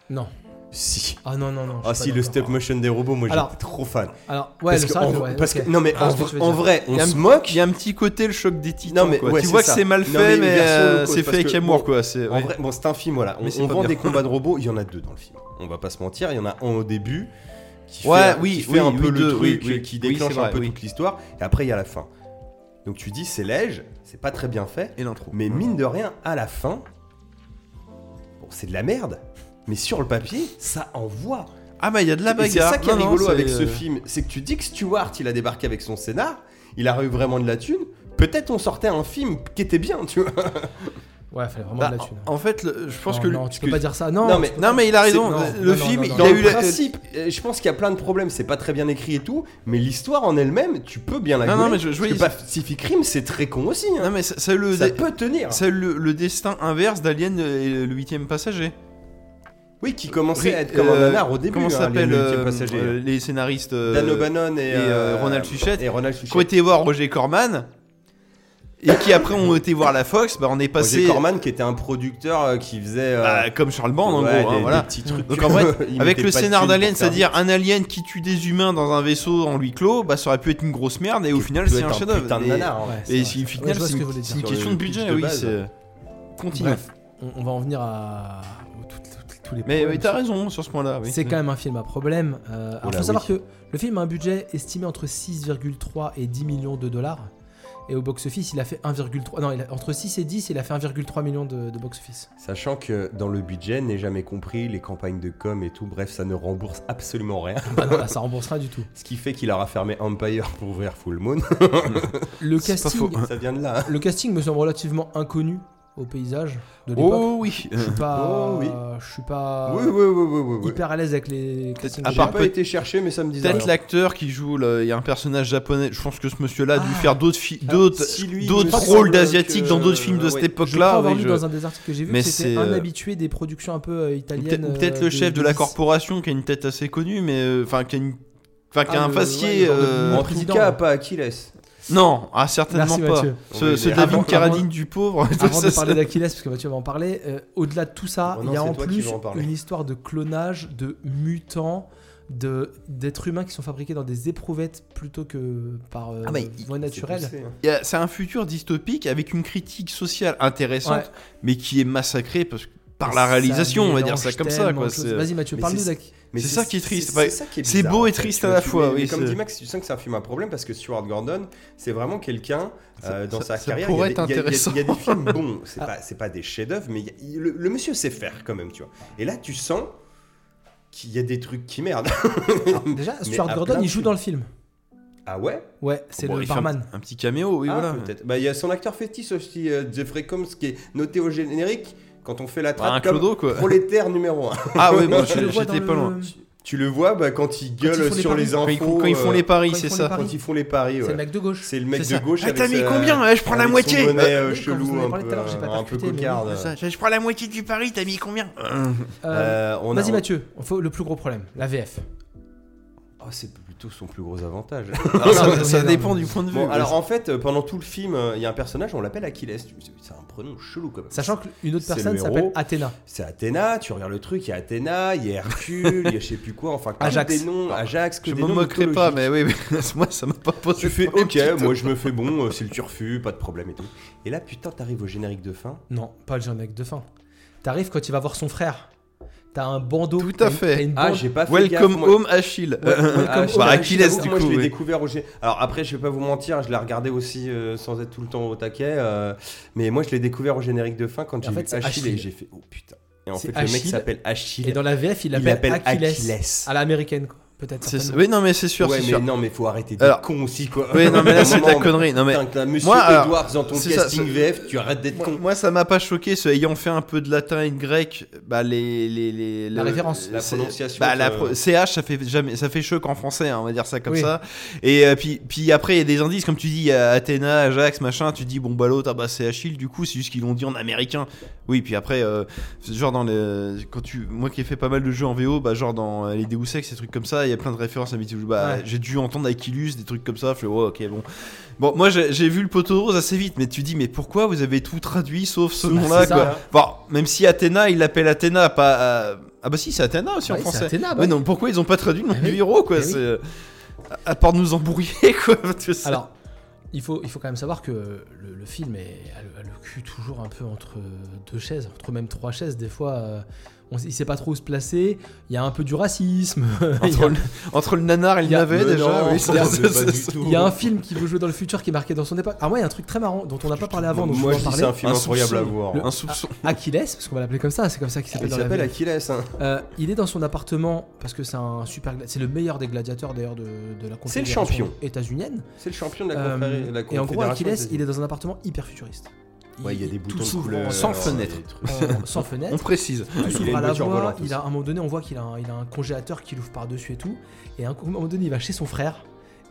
Speaker 2: Non.
Speaker 1: si.
Speaker 2: Ah non, non, non. je suis
Speaker 1: Ah si,
Speaker 2: pas
Speaker 1: le
Speaker 2: d'accord.
Speaker 1: stop motion des robots, moi
Speaker 2: Alors-
Speaker 1: j'étais trop fan.
Speaker 2: Alors, ouais,
Speaker 1: parce
Speaker 2: le
Speaker 1: que,
Speaker 2: sale,
Speaker 1: en-
Speaker 2: ouais,
Speaker 1: parce
Speaker 2: ok.
Speaker 1: que- non mais
Speaker 2: Ah,
Speaker 1: en,
Speaker 2: ce que tu veux
Speaker 1: en
Speaker 2: dire.
Speaker 1: vrai, on
Speaker 3: y a un-
Speaker 1: se moque.
Speaker 3: Il y a un petit côté le choc des titans.
Speaker 1: Non, mais
Speaker 3: quoi.
Speaker 1: ouais,
Speaker 3: tu
Speaker 1: c'est
Speaker 3: vois que
Speaker 1: ça.
Speaker 3: c'est mal
Speaker 1: Non,
Speaker 3: fait,
Speaker 1: mais
Speaker 3: mais,
Speaker 1: version
Speaker 3: euh,
Speaker 1: low cost,
Speaker 3: c'est
Speaker 1: parce
Speaker 3: fait avec
Speaker 1: que-
Speaker 3: amour, quoi. C'est,
Speaker 1: En
Speaker 3: ouais.
Speaker 1: vrai, bon, c'est un film, voilà.
Speaker 3: Mais
Speaker 1: On,
Speaker 3: c'est
Speaker 1: on
Speaker 3: pas
Speaker 1: vend
Speaker 3: bien.
Speaker 1: des combats de robots, il y en a deux dans le film. On va pas se mentir, il y en a un au début qui
Speaker 3: Ouais,
Speaker 1: fait,
Speaker 3: oui,
Speaker 1: qui fait
Speaker 3: oui,
Speaker 1: un peu
Speaker 3: oui,
Speaker 1: le
Speaker 3: deux,
Speaker 1: truc,
Speaker 3: oui, oui.
Speaker 1: qui
Speaker 3: Oui,
Speaker 1: déclenche
Speaker 3: c'est
Speaker 1: un
Speaker 3: vrai,
Speaker 1: peu
Speaker 3: oui.
Speaker 1: toute l'histoire, et après il y a la fin. Donc tu dis, c'est léger, c'est pas très bien fait,
Speaker 3: Et l'intro.
Speaker 1: mais mine de rien, à la fin, bon, c'est de la merde, mais sur le papier, ça envoie.
Speaker 3: Ah, bah, il y a de la
Speaker 1: Et
Speaker 3: bagarre.
Speaker 1: c'est ça qui est
Speaker 3: Non, non,
Speaker 1: rigolo
Speaker 3: c'est,
Speaker 1: avec ce
Speaker 3: euh,
Speaker 1: film, c'est que tu dis que Stewart, il a débarqué avec son scénar, il a eu vraiment de la thune. Peut-être on sortait un film qui était bien, tu vois.
Speaker 2: Ouais, fallait vraiment
Speaker 3: bah,
Speaker 2: de la thune.
Speaker 3: en fait, le- je pense
Speaker 2: Non,
Speaker 3: que.
Speaker 2: non,
Speaker 3: le-
Speaker 2: tu
Speaker 3: que-
Speaker 2: peux pas dire ça. Non,
Speaker 1: Non, mais-
Speaker 3: Non, mais il a raison.
Speaker 2: Non,
Speaker 3: Le
Speaker 2: non, non,
Speaker 3: film,
Speaker 2: non,
Speaker 3: il
Speaker 1: Dans
Speaker 3: a
Speaker 1: le
Speaker 3: eu la.
Speaker 1: principe, euh, je pense qu'il y a plein de problèmes, c'est pas très bien écrit et tout, mais l'histoire en elle-même, tu peux bien la
Speaker 3: Non, non,
Speaker 1: gueuler,
Speaker 3: mais je- je
Speaker 1: parce que
Speaker 3: voyais-
Speaker 1: Pacific Rim, c'est très con aussi. hein.
Speaker 3: Non, mais ça- ça a eu le
Speaker 1: ça
Speaker 3: dé-
Speaker 1: peut tenir.
Speaker 3: ça a eu le le destin inverse d'Alien et le huitième passager.
Speaker 1: Oui, qui commençait
Speaker 3: Oui,
Speaker 1: à être comme un
Speaker 3: euh,
Speaker 1: nanar au début.
Speaker 3: Comment ça
Speaker 1: hein, les-
Speaker 3: s'appelle
Speaker 1: les
Speaker 3: euh,
Speaker 1: passagers. hein.
Speaker 3: euh, Les scénaristes. euh,
Speaker 1: Dan O'Bannon et,
Speaker 3: et, euh, Ronald Suchette.
Speaker 1: Et Ronald
Speaker 3: qui ont
Speaker 1: Suchet.
Speaker 3: été voir Roger Corman et qui après ont été voir la Fox, bah on est passé
Speaker 1: Roger Corman, qui était un producteur euh, qui faisait. euh,
Speaker 3: bah, comme Charles Band en
Speaker 1: ouais,
Speaker 3: gros, hein,
Speaker 1: des-
Speaker 3: voilà.
Speaker 1: des petits trucs.
Speaker 3: Donc en vrai,
Speaker 1: Il
Speaker 3: avec
Speaker 1: mettait
Speaker 3: le
Speaker 1: pas de
Speaker 3: scénar
Speaker 1: thunes
Speaker 3: d'Alien,
Speaker 1: pour faire
Speaker 3: c'est-à-dire un alien qui tue des humains dans un vaisseau en huis clos, bah ça aurait pu être une grosse merde et au
Speaker 1: qui
Speaker 3: final
Speaker 1: peut
Speaker 3: c'est
Speaker 1: être
Speaker 3: un chef-d'œuvre.
Speaker 1: Putain de
Speaker 3: Et-
Speaker 1: nanar. hein.
Speaker 2: Ouais, c'est
Speaker 3: Et
Speaker 2: vrai.
Speaker 3: si- au
Speaker 2: Ouais,
Speaker 3: final
Speaker 2: je vois
Speaker 3: c'est
Speaker 2: ce que
Speaker 3: une,
Speaker 2: vous voulez
Speaker 3: c'est
Speaker 2: dire.
Speaker 3: une
Speaker 1: Sur
Speaker 3: question
Speaker 1: le
Speaker 3: de budget,
Speaker 1: pitch de
Speaker 3: oui.
Speaker 1: base.
Speaker 3: c'est- euh, Continue.
Speaker 2: Bref, on, on va en venir à aux tout- tout- tous les
Speaker 3: Mais
Speaker 2: problèmes.
Speaker 3: oui, t'as raison hein, Oh sur ce point-là. oui.
Speaker 2: C'est quand même un film à problème. Euh, alors,
Speaker 1: Oula,
Speaker 2: faut savoir
Speaker 1: oui.
Speaker 2: que le film a un budget estimé entre 6,3 et 10 millions de dollars. Et au box-office, il a fait 1,3. Non, il a- entre 6 et 10, il a fait 1,3 million de, de box-office.
Speaker 1: Sachant que dans le budget n'est jamais compris, les campagnes de com et tout, bref, ça ne rembourse absolument rien.
Speaker 2: Ah non, là, ça rembourse rien du tout.
Speaker 1: Ce qui fait qu'il aura fermé Empire pour ouvrir Full Moon.
Speaker 2: Le
Speaker 3: C'est pas
Speaker 2: casting,
Speaker 3: faux.
Speaker 1: ça vient de là. hein.
Speaker 2: le casting me semble relativement inconnu au paysage de l'époque.
Speaker 3: Oh oui.
Speaker 2: Je suis pas,
Speaker 1: Oh oui.
Speaker 2: je suis pas
Speaker 1: oui, oui, oui, oui, oui, oui.
Speaker 2: hyper à l'aise avec les castings.
Speaker 3: à
Speaker 2: de
Speaker 1: J'ai
Speaker 3: part
Speaker 1: pas
Speaker 3: Euh, peut-
Speaker 1: été cherché, mais ça me disait.
Speaker 3: Peut-être
Speaker 1: rien.
Speaker 3: l'acteur qui joue, le- il y a un personnage japonais. Je pense que ce monsieur-là a dû
Speaker 2: Ah.
Speaker 3: faire d'autres fi-
Speaker 2: Ah,
Speaker 3: d'autres
Speaker 1: si lui, il me
Speaker 3: d'autres
Speaker 1: semble
Speaker 3: rôles
Speaker 1: que-
Speaker 3: d'asiatiques dans d'autres films de
Speaker 1: ouais.
Speaker 3: cette
Speaker 1: Je
Speaker 2: Je crois
Speaker 3: époque-là.
Speaker 2: avoir
Speaker 3: oui,
Speaker 2: lu
Speaker 3: je-
Speaker 2: dans un des articles que j'ai vu
Speaker 3: Mais
Speaker 2: que c'était
Speaker 3: c'est,
Speaker 2: un
Speaker 3: euh,
Speaker 2: habitué des productions un peu euh,
Speaker 3: Ou
Speaker 2: italiennes.
Speaker 3: peut-être ou peut-être le
Speaker 2: euh,
Speaker 3: chef de la
Speaker 2: 2010.
Speaker 3: corporation qui a une tête assez connue, mais euh, enfin qui a une, enfin qui a
Speaker 2: Ah,
Speaker 3: un
Speaker 2: le-
Speaker 3: faciès.
Speaker 2: ouais, le genre de-
Speaker 3: euh,
Speaker 1: En tout
Speaker 2: président,
Speaker 1: cas,
Speaker 2: là.
Speaker 1: pas Achilles.
Speaker 3: Non, ah certainement
Speaker 2: Merci
Speaker 3: pas.
Speaker 2: Mathieu.
Speaker 1: Oui,
Speaker 3: Ce,
Speaker 1: mais
Speaker 3: ce
Speaker 1: avant-
Speaker 3: David
Speaker 2: avant-
Speaker 3: Carradine du pauvre.
Speaker 2: Avant
Speaker 3: ça,
Speaker 2: de
Speaker 3: ça-
Speaker 2: parler d'Achilles, parce que Mathieu va en parler, euh, au-delà de tout ça,
Speaker 1: Oh
Speaker 2: il
Speaker 1: non,
Speaker 2: y a
Speaker 1: c'est
Speaker 2: en
Speaker 1: toi qui
Speaker 2: plus
Speaker 1: vas en parler.
Speaker 2: une histoire de clonage, de mutants, de d'êtres humains qui sont fabriqués dans des éprouvettes plutôt que par euh,
Speaker 1: Ah, mais il-
Speaker 2: voie naturelle.
Speaker 3: Il y a- C'est un futur dystopique avec une critique sociale intéressante,
Speaker 2: Ouais.
Speaker 3: mais qui est massacrée parce que- par
Speaker 2: Ça
Speaker 3: la réalisation, on va dire
Speaker 2: mélange
Speaker 3: ça comme ça.
Speaker 2: tellement
Speaker 3: quoi,
Speaker 2: de choses.
Speaker 3: c'est-
Speaker 2: Vas-y Mathieu,
Speaker 1: Mais
Speaker 2: parle-nous
Speaker 1: c'est-
Speaker 2: d'Achilles.
Speaker 1: Mais
Speaker 3: C'est ça qui est triste.
Speaker 1: C'est
Speaker 3: Enfin,
Speaker 1: ça qui est
Speaker 3: c'est
Speaker 1: bizarre,
Speaker 3: beau
Speaker 1: en
Speaker 3: et
Speaker 1: fait.
Speaker 3: triste
Speaker 1: Tu
Speaker 3: à
Speaker 1: vois,
Speaker 3: la
Speaker 1: tu-
Speaker 3: fois,
Speaker 1: mais-
Speaker 3: oui,
Speaker 1: mais comme
Speaker 3: c'est-
Speaker 1: dit Max, tu sens que c'est un film à problème parce que Stuart Gordon, c'est vraiment quelqu'un euh,
Speaker 3: Ça-
Speaker 1: dans
Speaker 3: ça-
Speaker 1: sa
Speaker 3: ça
Speaker 1: carrière.
Speaker 3: pourrait
Speaker 1: il y a
Speaker 3: être
Speaker 1: des- il y a- il y a-
Speaker 3: intéressant. Ah.
Speaker 1: Il y, a des films bons, c'est pas, c'est pas des chefs-d'œuvre, mais il y a- il- le, le monsieur sait faire quand même, tu vois. Et là, tu sens qu'il y a des trucs qui merdent.
Speaker 2: Déjà,
Speaker 1: Mais
Speaker 2: Stuart
Speaker 1: à
Speaker 2: Gordon,
Speaker 1: plein
Speaker 2: il
Speaker 1: de
Speaker 2: joue
Speaker 1: films.
Speaker 2: dans le film.
Speaker 1: ah ouais
Speaker 2: Ouais, c'est
Speaker 3: Bon,
Speaker 2: le
Speaker 3: il fait un-
Speaker 2: barman.
Speaker 3: Un, petit caméo, oui,
Speaker 1: Ah,
Speaker 3: voilà.
Speaker 1: peut-être. Bah, il y a son acteur fétiche aussi, euh, Jeffrey Combs, qui est noté au générique quand on fait la
Speaker 3: Bah,
Speaker 1: trappe
Speaker 3: un
Speaker 1: comme
Speaker 3: clodo, quoi.
Speaker 1: prolétaire numéro 1.
Speaker 3: Ah ouais, bon,
Speaker 1: Tu
Speaker 3: je-
Speaker 2: le vois
Speaker 3: j'étais
Speaker 2: dans
Speaker 3: pas
Speaker 2: le-
Speaker 3: loin.
Speaker 1: Tu le vois bah, quand il
Speaker 2: ils
Speaker 1: gueule
Speaker 2: font les
Speaker 1: sur les,
Speaker 2: paris.
Speaker 1: infos. euh,
Speaker 3: Quand ils, font- quand ils font les paris,
Speaker 2: quand ils
Speaker 3: c'est
Speaker 2: font
Speaker 3: ça.
Speaker 2: les paris.
Speaker 1: Quand ils font les paris,
Speaker 2: C'est
Speaker 1: ouais.
Speaker 2: le mec de gauche.
Speaker 1: C'est le mec
Speaker 3: C'est
Speaker 1: de
Speaker 3: ça.
Speaker 1: gauche.
Speaker 3: Ah, t'as
Speaker 1: avec
Speaker 3: mis
Speaker 1: sa-
Speaker 3: combien Ouais, Je prends la
Speaker 1: avec
Speaker 3: moitié.
Speaker 1: Son bonnet,
Speaker 3: Ouais.
Speaker 1: euh,
Speaker 2: Oui, comme vous en
Speaker 1: chelou,
Speaker 2: avez
Speaker 1: un
Speaker 2: parlé tout
Speaker 1: peu, euh,
Speaker 2: à l'heure, j'ai pas
Speaker 1: un peu
Speaker 2: percuté, mais
Speaker 1: cocarde.
Speaker 3: Ça, Je je prends la moitié du pari, t'as mis combien
Speaker 2: Euh,
Speaker 1: Euh, on a-
Speaker 2: Vas-y Mathieu, on fait le plus gros problème, la VF.
Speaker 1: Oh, c'est plutôt son plus gros avantage.
Speaker 3: Ah,
Speaker 2: oui,
Speaker 3: Ça ça
Speaker 2: non,
Speaker 3: dépend
Speaker 2: mais-
Speaker 3: du point de vue.
Speaker 1: bon,
Speaker 3: mais
Speaker 1: alors en fait, euh, pendant tout le film, euh, il y a un personnage, on l'appelle Achilles. Tu- c'est- C'est un prénom chelou quand même.
Speaker 2: Sachant qu'une autre
Speaker 1: C'est le
Speaker 2: personne
Speaker 1: héros.
Speaker 2: s'appelle Athéna.
Speaker 1: C'est Athéna, tu regardes le truc, il y a Athéna, il y a Hercule, il y a je sais plus quoi, enfin, que
Speaker 2: Ajax.
Speaker 1: des noms, Ajax, que
Speaker 3: Je
Speaker 1: des
Speaker 3: me
Speaker 1: noms
Speaker 3: moquerai pas,
Speaker 1: mythologiques.
Speaker 3: mais oui, mais moi ça m'a pas posé.
Speaker 1: Tu fais
Speaker 3: de problème
Speaker 1: ok,
Speaker 3: du tout.
Speaker 1: moi je me fais bon, euh, c'est le turfu, pas de problème et tout. Et là, putain, t'arrives au générique de fin.
Speaker 2: Non, pas le générique de fin. T'arrives quand il va voir son frère. T'as un bandeau.
Speaker 3: Tout à
Speaker 2: t'as une-
Speaker 3: fait.
Speaker 2: t'as une
Speaker 1: Ah,
Speaker 2: bande-
Speaker 1: j'ai pas fait
Speaker 3: Welcome
Speaker 1: gaffe, moi.
Speaker 3: home Achille.
Speaker 2: Ouais, welcome
Speaker 1: Ah,
Speaker 2: home.
Speaker 1: je-
Speaker 3: Bah,
Speaker 1: je
Speaker 3: Achilles,
Speaker 1: t'avoue
Speaker 3: du
Speaker 1: que moi,
Speaker 3: coup,
Speaker 1: je l'ai
Speaker 3: oui.
Speaker 1: découvert au G- Alors après, je vais pas vous mentir, je l'ai regardé aussi euh, sans être tout le temps au taquet. euh, mais moi, je l'ai découvert au générique de fin quand j'ai
Speaker 2: en
Speaker 1: vu
Speaker 2: fait, c'est
Speaker 1: Achille, et
Speaker 2: Achille.
Speaker 1: j'ai fait oh putain. Et en
Speaker 2: C'est
Speaker 1: fait, le mec
Speaker 2: Achille.
Speaker 1: s'appelle Achille.
Speaker 2: Et dans la VF, il
Speaker 1: il
Speaker 2: appelle,
Speaker 1: l'appelle
Speaker 2: Achilles.
Speaker 1: Achilles.
Speaker 2: À l'américaine, quoi. Peut-être.
Speaker 3: C'est ça.
Speaker 2: certainement.
Speaker 3: Oui, non, mais c'est Ah, sûr,
Speaker 1: ouais,
Speaker 3: c'est
Speaker 1: mais
Speaker 3: sûr.
Speaker 1: non, mais faut arrêter
Speaker 3: Alors-
Speaker 1: d'être con aussi, quoi.
Speaker 3: Oui, non, mais là c'est de la
Speaker 1: Vraiment,
Speaker 3: connerie. Non, mais
Speaker 1: putain, que là, Monsieur
Speaker 3: Moi, alors,
Speaker 1: Edwards, dans ton
Speaker 3: c'est ça,
Speaker 1: casting
Speaker 3: c'est-
Speaker 1: VF, tu arrêtes d'être
Speaker 3: Moi,
Speaker 1: con.
Speaker 3: moi, ça m'a pas choqué, ce, ayant fait un peu de latin et de grec, bah les, les, les-
Speaker 2: La
Speaker 3: le-
Speaker 2: référence.
Speaker 1: La
Speaker 3: c'est-
Speaker 1: prononciation,
Speaker 3: bah, la
Speaker 1: ça-
Speaker 3: pro- CH, ça fait jamais, ça fait choc en français, hein, on va dire ça comme
Speaker 2: Oui.
Speaker 3: ça. Et euh, puis, puis après, il y a des indices, comme tu dis, il y a Athéna, Ajax, machin. Tu dis bon bah l'autre, ah, bah c'est Achille. Du coup, c'est juste qu'ils l'ont dit en américain. Oui, puis après, euh, c'est genre dans les, quand tu, moi qui ai fait pas mal de jeux en VO, bah genre dans euh, les Deus Ex, ces trucs comme ça, il y a plein de références à mythologie. Bah
Speaker 2: Ouais.
Speaker 3: j'ai dû entendre Aquilus, des trucs comme ça. Je fais ouais, ok, bon. Bon, moi j'ai j'ai vu le poteau rose assez vite, mais tu dis, mais pourquoi vous avez tout traduit sauf ce
Speaker 2: Bah,
Speaker 3: nom-là
Speaker 2: c'est ça.
Speaker 3: quoi Bon, même si Athéna, il l'appelle Athéna, pas. euh, Ah bah si, c'est Athéna aussi
Speaker 2: Ouais,
Speaker 3: en
Speaker 2: c'est
Speaker 3: français.
Speaker 2: Athéna, bah
Speaker 3: Ouais, non, pourquoi ils ont pas traduit le nom
Speaker 2: Ah
Speaker 3: du
Speaker 2: oui.
Speaker 3: héros quoi
Speaker 2: Ah oui.
Speaker 3: c'est- euh, à- À part de nous embrouiller quoi. parce que c'est-
Speaker 2: Alors, il faut, il faut quand même savoir que le, le film est, a, le, a le cul toujours un peu entre deux chaises, entre même trois chaises. Des fois, euh, on, s- il sait pas trop où se placer. Il y a un peu du racisme. Il y a-
Speaker 3: Entre le, entre le nanar et le
Speaker 2: Il y a-
Speaker 3: navet
Speaker 1: Mais
Speaker 3: déjà,
Speaker 1: non,
Speaker 3: oui,
Speaker 1: mais
Speaker 3: c'est-
Speaker 1: pas
Speaker 3: c'est-
Speaker 1: du
Speaker 3: c'est-
Speaker 1: tout.
Speaker 2: Il y a un film qui veut jouer dans le futur qui est marqué dans son époque. Ah, moi, il y a un truc très marrant dont on n'a pas parlé avant. Donc
Speaker 1: Moi,
Speaker 2: je
Speaker 1: je
Speaker 2: vais
Speaker 1: dis
Speaker 2: en
Speaker 1: c'est un
Speaker 2: parler.
Speaker 1: film
Speaker 3: Un
Speaker 1: incroyable à
Speaker 3: soupçon.
Speaker 1: voir.
Speaker 2: Le-
Speaker 3: Un soupçon.
Speaker 2: Achilles, parce qu'on va l'appeler comme ça, c'est comme ça qu'il s'appelle
Speaker 1: Il
Speaker 2: dans la
Speaker 1: s'appelle
Speaker 2: VF.
Speaker 1: Achilles. hein.
Speaker 2: Euh, il est dans son appartement parce que c'est un super gla- c'est le meilleur des gladiateurs d'ailleurs de, de la
Speaker 1: C'est le
Speaker 2: confédération
Speaker 1: champion.
Speaker 2: états-unienne.
Speaker 1: C'est le champion de la
Speaker 2: Euh,
Speaker 1: conféré- la
Speaker 2: et en gros,
Speaker 1: confédération
Speaker 2: Achilles,
Speaker 1: des-
Speaker 2: il est dans un appartement hyper futuriste.
Speaker 1: Ouais, il y a des
Speaker 2: tout
Speaker 1: boutons de
Speaker 2: s'ouvre en-
Speaker 1: couleur, euh,
Speaker 2: sans
Speaker 3: fenêtre.
Speaker 1: des trucs.
Speaker 2: en- sans
Speaker 3: On
Speaker 2: fenêtre.
Speaker 3: précise.
Speaker 2: Tout
Speaker 1: il a
Speaker 2: s'ouvre
Speaker 1: une
Speaker 2: à la
Speaker 1: voiture
Speaker 2: voix.
Speaker 1: volante
Speaker 2: Il a,
Speaker 1: aussi.
Speaker 2: à un moment donné, on voit qu'il a, un- il a un congélateur qui l'ouvre par-dessus et tout. Et à un moment donné, il va chez son frère.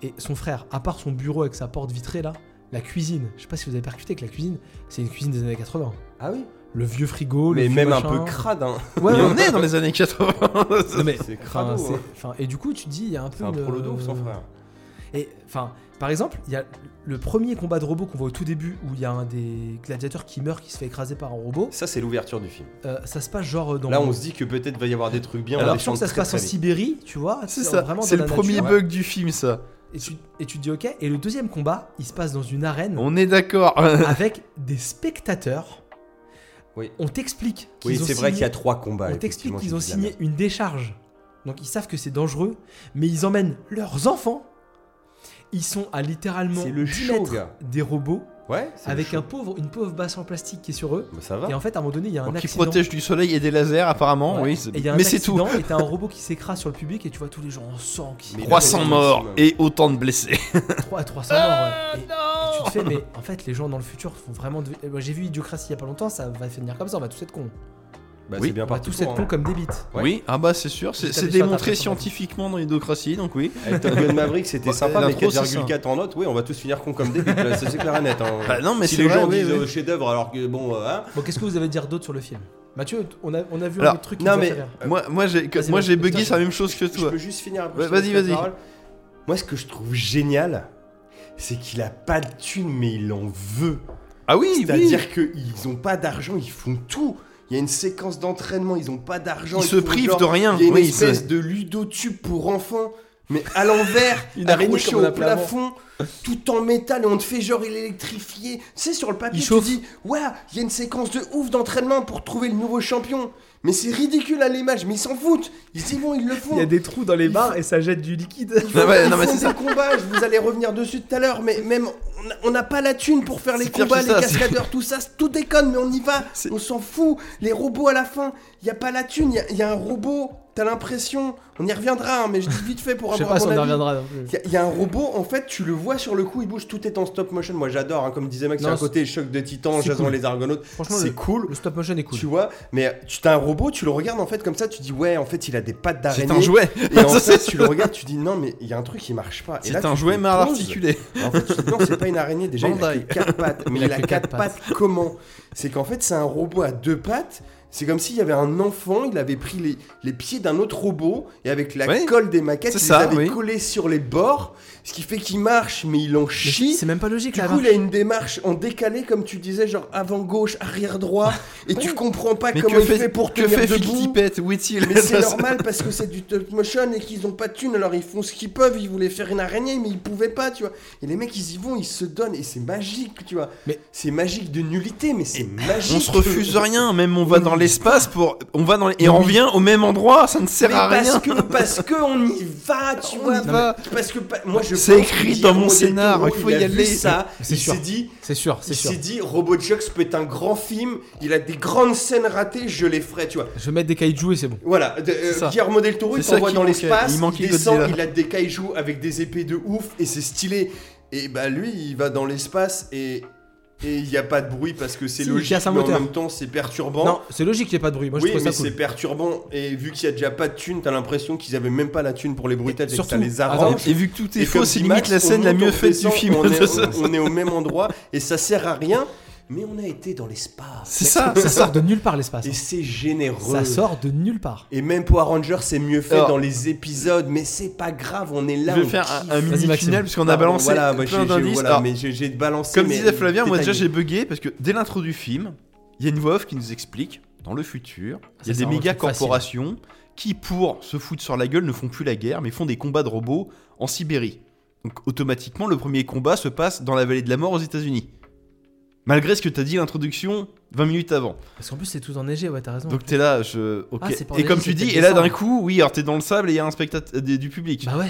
Speaker 2: Et son frère, à part son bureau avec sa porte vitrée là, la cuisine, je sais pas si vous avez percuté que la cuisine, c'est une cuisine des années 80.
Speaker 1: Ah oui
Speaker 2: Le vieux frigo, le
Speaker 1: Mais
Speaker 2: vieux
Speaker 1: même un
Speaker 2: machin.
Speaker 1: peu crade, hein.
Speaker 2: Ouais,
Speaker 3: Et
Speaker 2: ouais.
Speaker 3: on est dans les années 80.
Speaker 2: Non, mais,
Speaker 1: C'est
Speaker 2: enfin,
Speaker 1: crado,
Speaker 2: c'est-
Speaker 1: hein.
Speaker 2: enfin, et du coup, tu te dis, il y a un peu.
Speaker 1: C'est un
Speaker 2: une-
Speaker 1: prolodo, son frère.
Speaker 2: Et enfin, par exemple, il y a le premier combat de robot qu'on voit au tout début où il y a un des gladiateurs qui meurt, qui se fait écraser par un robot.
Speaker 1: Ça, c'est l'ouverture du film.
Speaker 2: Euh, ça se passe genre euh, dans.
Speaker 1: Là, on se dit que peut-être va y avoir des trucs bien. on
Speaker 2: Alors,
Speaker 1: les
Speaker 2: je sens que ça
Speaker 1: chante
Speaker 2: se
Speaker 1: très,
Speaker 2: passe en
Speaker 1: très vite.
Speaker 2: Sibérie, tu vois.
Speaker 3: C'est
Speaker 2: c'est
Speaker 3: ça,
Speaker 2: vraiment
Speaker 3: c'est
Speaker 2: dans
Speaker 3: le
Speaker 2: la
Speaker 3: premier
Speaker 2: nature.
Speaker 3: bug du film ça.
Speaker 2: Et tu, et tu te dis ok. Et le deuxième combat, il se passe dans une arène
Speaker 3: On est d'accord.
Speaker 2: avec des spectateurs.
Speaker 1: Oui.
Speaker 2: On t'explique.
Speaker 1: Oui,
Speaker 2: qu'ils ont
Speaker 1: c'est vrai
Speaker 2: signé-
Speaker 1: qu'il y a trois combats.
Speaker 2: On t'explique
Speaker 1: effectivement,
Speaker 2: qu'ils ont
Speaker 1: c'est de la merde.
Speaker 2: signé une décharge. Donc ils savent que c'est dangereux, mais ils emmènent leurs enfants. Ils sont à littéralement
Speaker 1: C'est le
Speaker 2: 10
Speaker 1: show,
Speaker 2: mètres
Speaker 1: gars.
Speaker 2: des robots
Speaker 1: Ouais, c'est
Speaker 2: avec
Speaker 1: chaud.
Speaker 2: un pauvre, une pauvre basse en plastique qui est sur eux.
Speaker 1: Bah, ça va.
Speaker 2: Et en fait, à un moment donné, il y a un
Speaker 3: Donc, qui
Speaker 2: accident.
Speaker 3: protège du soleil et des lasers, apparemment.
Speaker 2: Ouais.
Speaker 3: Oui,
Speaker 2: Et
Speaker 3: c'est-
Speaker 2: il y a un
Speaker 3: mais c'est tout.
Speaker 2: accident, Et t'as un robot qui s'écrase sur le public et tu vois tous les gens en sang qui.
Speaker 1: Mais il a
Speaker 3: 300
Speaker 1: raison,
Speaker 3: morts
Speaker 1: Maxime.
Speaker 3: et autant de blessés.
Speaker 2: 3 300 morts.
Speaker 1: Ah,
Speaker 2: ouais. Et- et tu te fais, mais en fait, les gens dans le futur font vraiment. de- Moi, J'ai vu Idiocratie il y a pas longtemps, ça va finir comme ça, on va tous être cons.
Speaker 1: Bah,
Speaker 3: Oui,
Speaker 1: c'est bien
Speaker 2: On va
Speaker 1: parti
Speaker 2: tous
Speaker 1: pour,
Speaker 2: être cons
Speaker 1: hein.
Speaker 2: comme des bites.
Speaker 1: Ouais.
Speaker 3: Oui, ah bah c'est sûr, c'est
Speaker 2: J'ai
Speaker 3: c'est
Speaker 2: tapé sur
Speaker 3: démontré
Speaker 2: Internet, ça va.
Speaker 3: scientifiement dans l'idocratie, donc oui.
Speaker 1: Avec Top Gun Maverick, c'était
Speaker 3: Bah,
Speaker 1: sympa, mais
Speaker 3: l'intro, c'est
Speaker 1: 4,4 en note, oui, on va tous finir con comme des bites, là, ça, c'est clair et net. hein.
Speaker 3: Bah non, mais
Speaker 1: si
Speaker 3: c'est
Speaker 1: les
Speaker 3: vrai,
Speaker 1: gens
Speaker 3: oui,
Speaker 1: disent
Speaker 3: oui.
Speaker 1: euh, chef-d'œuvre, alors que bon, euh, hein,
Speaker 2: Bon, qu'est-ce que vous avez à dire d'autre sur le film Mathieu, on a, on a vu
Speaker 3: Alors,
Speaker 2: un autre truc qui
Speaker 1: non,
Speaker 2: nous a
Speaker 1: mais-
Speaker 2: fait rire.
Speaker 3: euh, Moi, moi j'ai
Speaker 1: Ah,
Speaker 2: Vas-y,
Speaker 3: moi,
Speaker 2: vas-y,
Speaker 3: j'ai
Speaker 2: putain,
Speaker 3: bugué
Speaker 2: j'ai-
Speaker 3: sur la même chose que
Speaker 1: je
Speaker 3: toi.
Speaker 1: peux juste finir après.
Speaker 3: Ouais,
Speaker 1: je te laisse
Speaker 3: vas-y,
Speaker 1: la
Speaker 3: vas-y.
Speaker 1: parole. Moi, ce que je trouve génial, c'est qu'il a pas de thunes, mais il en veut.
Speaker 3: Ah oui, oui.
Speaker 1: C'est-à-dire qu'ils ont pas d'argent, ils font tout. Il y a une séquence d'entraînement, ils ont pas d'argent.
Speaker 3: Ils se
Speaker 1: font
Speaker 3: privent
Speaker 1: genre-
Speaker 3: de rien.
Speaker 1: Il y a une
Speaker 3: Oui,
Speaker 1: espèce
Speaker 3: c'est-
Speaker 1: de ludotube pour enfants, mais à l'envers,
Speaker 2: Une araignée,
Speaker 1: accrochée
Speaker 2: comme on
Speaker 1: au
Speaker 2: l'appelait avant.
Speaker 1: plafond, tout en métal, et on te fait genre électrifié. Tu sais, sur le papier,
Speaker 2: Il
Speaker 1: tu
Speaker 2: chauffe.
Speaker 1: dis Ouais, il y a une séquence de ouf d'entraînement pour trouver le nouveau champion. Mais c'est ridicule à l'image, mais ils s'en foutent. Ils y vont, ils le font.
Speaker 2: Il y a des trous dans les
Speaker 1: Il barres
Speaker 2: bars et ça jette du liquide.
Speaker 1: Ils font-
Speaker 3: ouais,
Speaker 1: ils
Speaker 3: non, mais
Speaker 1: font
Speaker 3: c'est
Speaker 1: des combats, je vous allez revenir dessus tout à l'heure, mais même on a- on n'a pas la thune pour faire les
Speaker 3: C'est pire
Speaker 1: combats,
Speaker 3: que
Speaker 1: les
Speaker 3: ça, c'est-
Speaker 1: cascadeurs, tout ça, tout déconne, mais on y va,
Speaker 3: C'est-
Speaker 1: on s'en fout. Les robots à la fin, il y a pas la thune, il y a- il y, a un robot, t'as l'impression, on y reviendra, hein, mais je dis vite fait pour
Speaker 2: Je sais
Speaker 1: avoir
Speaker 2: pas si
Speaker 1: mon
Speaker 2: on y
Speaker 1: avis.
Speaker 2: reviendra non plus.
Speaker 1: Il y a- Il y, a un robot, en fait, tu le vois sur le coup, il bouge, tout est en stop motion. Moi j'adore, hein, comme disait Max,
Speaker 2: Non,
Speaker 1: c'est un côté choc de titan,
Speaker 2: c'est
Speaker 1: Jason
Speaker 2: cool.
Speaker 1: les argonautes,
Speaker 2: Franchement,
Speaker 1: c'est
Speaker 2: le,
Speaker 1: cool.
Speaker 2: le stop motion est cool.
Speaker 1: Tu vois, mais tu t'as un robot, tu le regardes en fait comme ça, tu dis ouais, en fait il a des pattes
Speaker 3: C'est
Speaker 1: d'araignée.
Speaker 3: un jouet.
Speaker 1: Et en
Speaker 3: Ça,
Speaker 1: fait,
Speaker 3: c'est-
Speaker 1: tu le regardes, tu dis non, mais il y a un truc qui marche pas. Et là,
Speaker 3: C'est
Speaker 1: tu
Speaker 3: un
Speaker 1: te
Speaker 3: jouet mal
Speaker 1: poses.
Speaker 3: articulé.
Speaker 1: En fait, tu dis non, c'est pas une araignée. Déjà, il a
Speaker 3: Bandai.
Speaker 1: que quatre pattes. Mais il a quatre pattes comment C'est qu'en fait, c'est un robot à deux pattes. C'est comme s'il y avait un enfant, il avait pris les, les pieds d'un autre robot et avec la
Speaker 3: Oui.
Speaker 1: colle des maquettes,
Speaker 3: C'est
Speaker 1: il
Speaker 3: ça,
Speaker 1: les avait
Speaker 3: oui.
Speaker 1: collés sur les bords, ce qui fait qu'il marche, mais il en
Speaker 2: Mais
Speaker 1: chie.
Speaker 2: C'est même pas logique
Speaker 1: Du
Speaker 2: là.
Speaker 1: coup, il a une démarche en décalé, comme tu disais, genre avant gauche, arrière droit, et tu comprends pas
Speaker 3: Mais
Speaker 1: comment
Speaker 3: que
Speaker 1: il fait
Speaker 3: fait
Speaker 1: pour
Speaker 3: que
Speaker 1: tenir
Speaker 3: fait
Speaker 1: debout.
Speaker 3: Phil Tippett Où est-il
Speaker 1: Mais c'est normal parce que c'est du top motion et qu'ils ont pas de thunes, alors ils font ce qu'ils peuvent, ils voulaient faire une araignée, mais ils pouvaient pas, tu vois. Et les mecs, ils y vont, ils se donnent, et c'est magique, tu vois.
Speaker 2: Mais-
Speaker 1: C'est magique de nullité, mais c'est magique.
Speaker 3: On se refuse rien, même on va
Speaker 1: On
Speaker 3: dans
Speaker 1: y
Speaker 3: l'espace pour, on va dans les- et
Speaker 2: Mais
Speaker 3: on
Speaker 2: oui.
Speaker 3: revient au même endroit, ça ne
Speaker 1: Mais
Speaker 3: sert à
Speaker 1: parce
Speaker 3: rien.
Speaker 1: que, parce que on y va, tu
Speaker 3: On
Speaker 1: vois.
Speaker 3: y va.
Speaker 1: Parce que, pa- moi, je
Speaker 3: C'est
Speaker 1: pense
Speaker 3: écrit
Speaker 1: que
Speaker 3: dans mon
Speaker 1: Guillermo del
Speaker 3: scénar,
Speaker 1: Toro,
Speaker 3: il faut y
Speaker 1: a vu
Speaker 3: aller.
Speaker 1: ça,
Speaker 2: Mais c'est
Speaker 1: il
Speaker 2: sûr.
Speaker 1: s'est dit,
Speaker 2: C'est sûr, c'est
Speaker 1: il
Speaker 2: sûr.
Speaker 1: s'est dit, Robojux peut être un grand film, il a des grandes scènes ratées, je les ferai, tu vois.
Speaker 2: Je vais mettre des cailloux et c'est bon.
Speaker 1: Voilà, de-
Speaker 2: C'est
Speaker 1: euh,
Speaker 2: ça.
Speaker 1: Guillermo del Toro,
Speaker 3: C'est
Speaker 1: il
Speaker 3: ça
Speaker 1: s'envoie
Speaker 3: qui
Speaker 1: dans
Speaker 3: manquait.
Speaker 1: l'espace,
Speaker 3: Il
Speaker 1: il,
Speaker 3: manquait
Speaker 1: descend,
Speaker 3: Godzilla.
Speaker 1: il a des kaijus avec des épées de ouf et c'est stylé. Et bah lui, il va dans l'espace et et il n'y a pas de bruit parce que c'est
Speaker 2: Si, il
Speaker 1: logique,
Speaker 2: casse un
Speaker 1: mais en
Speaker 2: moteur.
Speaker 1: même temps c'est perturbant.
Speaker 2: Non, c'est logique qu'il n'y ait pas de bruit. Moi,
Speaker 1: oui,
Speaker 2: je
Speaker 1: mais
Speaker 2: trouve ça
Speaker 1: c'est
Speaker 2: cool.
Speaker 1: perturbant et vu qu'il y a déjà pas de thune, t'as l'impression qu'ils avaient même pas la thune pour les bruitages et que ça
Speaker 2: surtout,
Speaker 1: les
Speaker 2: attends,
Speaker 1: arrange.
Speaker 3: Et vu que tout est
Speaker 1: Et
Speaker 3: faux,
Speaker 1: comme
Speaker 3: c'est
Speaker 1: dit
Speaker 3: limite
Speaker 1: Max,
Speaker 3: la scène
Speaker 1: on
Speaker 3: la
Speaker 1: monte,
Speaker 3: mieux
Speaker 1: on
Speaker 3: faite du
Speaker 1: descend,
Speaker 3: film.
Speaker 1: On est, on- on est au même endroit et ça sert à rien, mais on a été dans l'espace.
Speaker 3: C'est ça.
Speaker 2: Ça sort de nulle part l'espace. hein.
Speaker 1: Et c'est généreux.
Speaker 2: Ça sort de nulle part.
Speaker 1: Et même Power Ranger, c'est mieux fait
Speaker 3: Alors-
Speaker 1: dans les épisodes, mais c'est pas grave, on est
Speaker 3: Je
Speaker 1: là.
Speaker 3: vais
Speaker 1: on
Speaker 3: faire
Speaker 1: kiffe.
Speaker 3: un, un
Speaker 2: Vas-y,
Speaker 3: mini
Speaker 2: Maxime.
Speaker 3: final puisqu'on a balancé
Speaker 1: voilà, moi, j'ai-
Speaker 3: plein
Speaker 1: j'ai-
Speaker 3: d'indices.
Speaker 1: voilà,
Speaker 3: Alors,
Speaker 1: mais j'ai j'ai balancé.
Speaker 3: Comme
Speaker 1: mais
Speaker 3: disait Flavien, moi déjà
Speaker 1: détaillé.
Speaker 3: j'ai bugué parce que dès l'intro du film, il y a une voix off qui nous explique dans le futur, il y a
Speaker 2: Ça,
Speaker 3: des
Speaker 2: ça rend le
Speaker 3: méga
Speaker 2: truc facile.
Speaker 3: corporations qui, pour se foutre sur la gueule, ne font plus la guerre mais font des combats de robots en Sibérie. Donc automatiquement, le premier combat se passe dans la vallée de la mort aux États-Unis. Malgré ce que t'as dit l'introduction 20 minutes avant.
Speaker 2: Parce qu'en plus, c'est tout enneigé, ouais, t'as raison.
Speaker 3: Donc t'es là, je. Ok.
Speaker 2: Ah, c'est pour
Speaker 3: et
Speaker 2: les-
Speaker 3: comme
Speaker 2: c'est
Speaker 3: tu dis,
Speaker 2: peut-être
Speaker 3: et là d'un
Speaker 2: décembre.
Speaker 3: coup, oui, alors t'es dans le sable et il y a un spectateur du public.
Speaker 2: Bah ouais.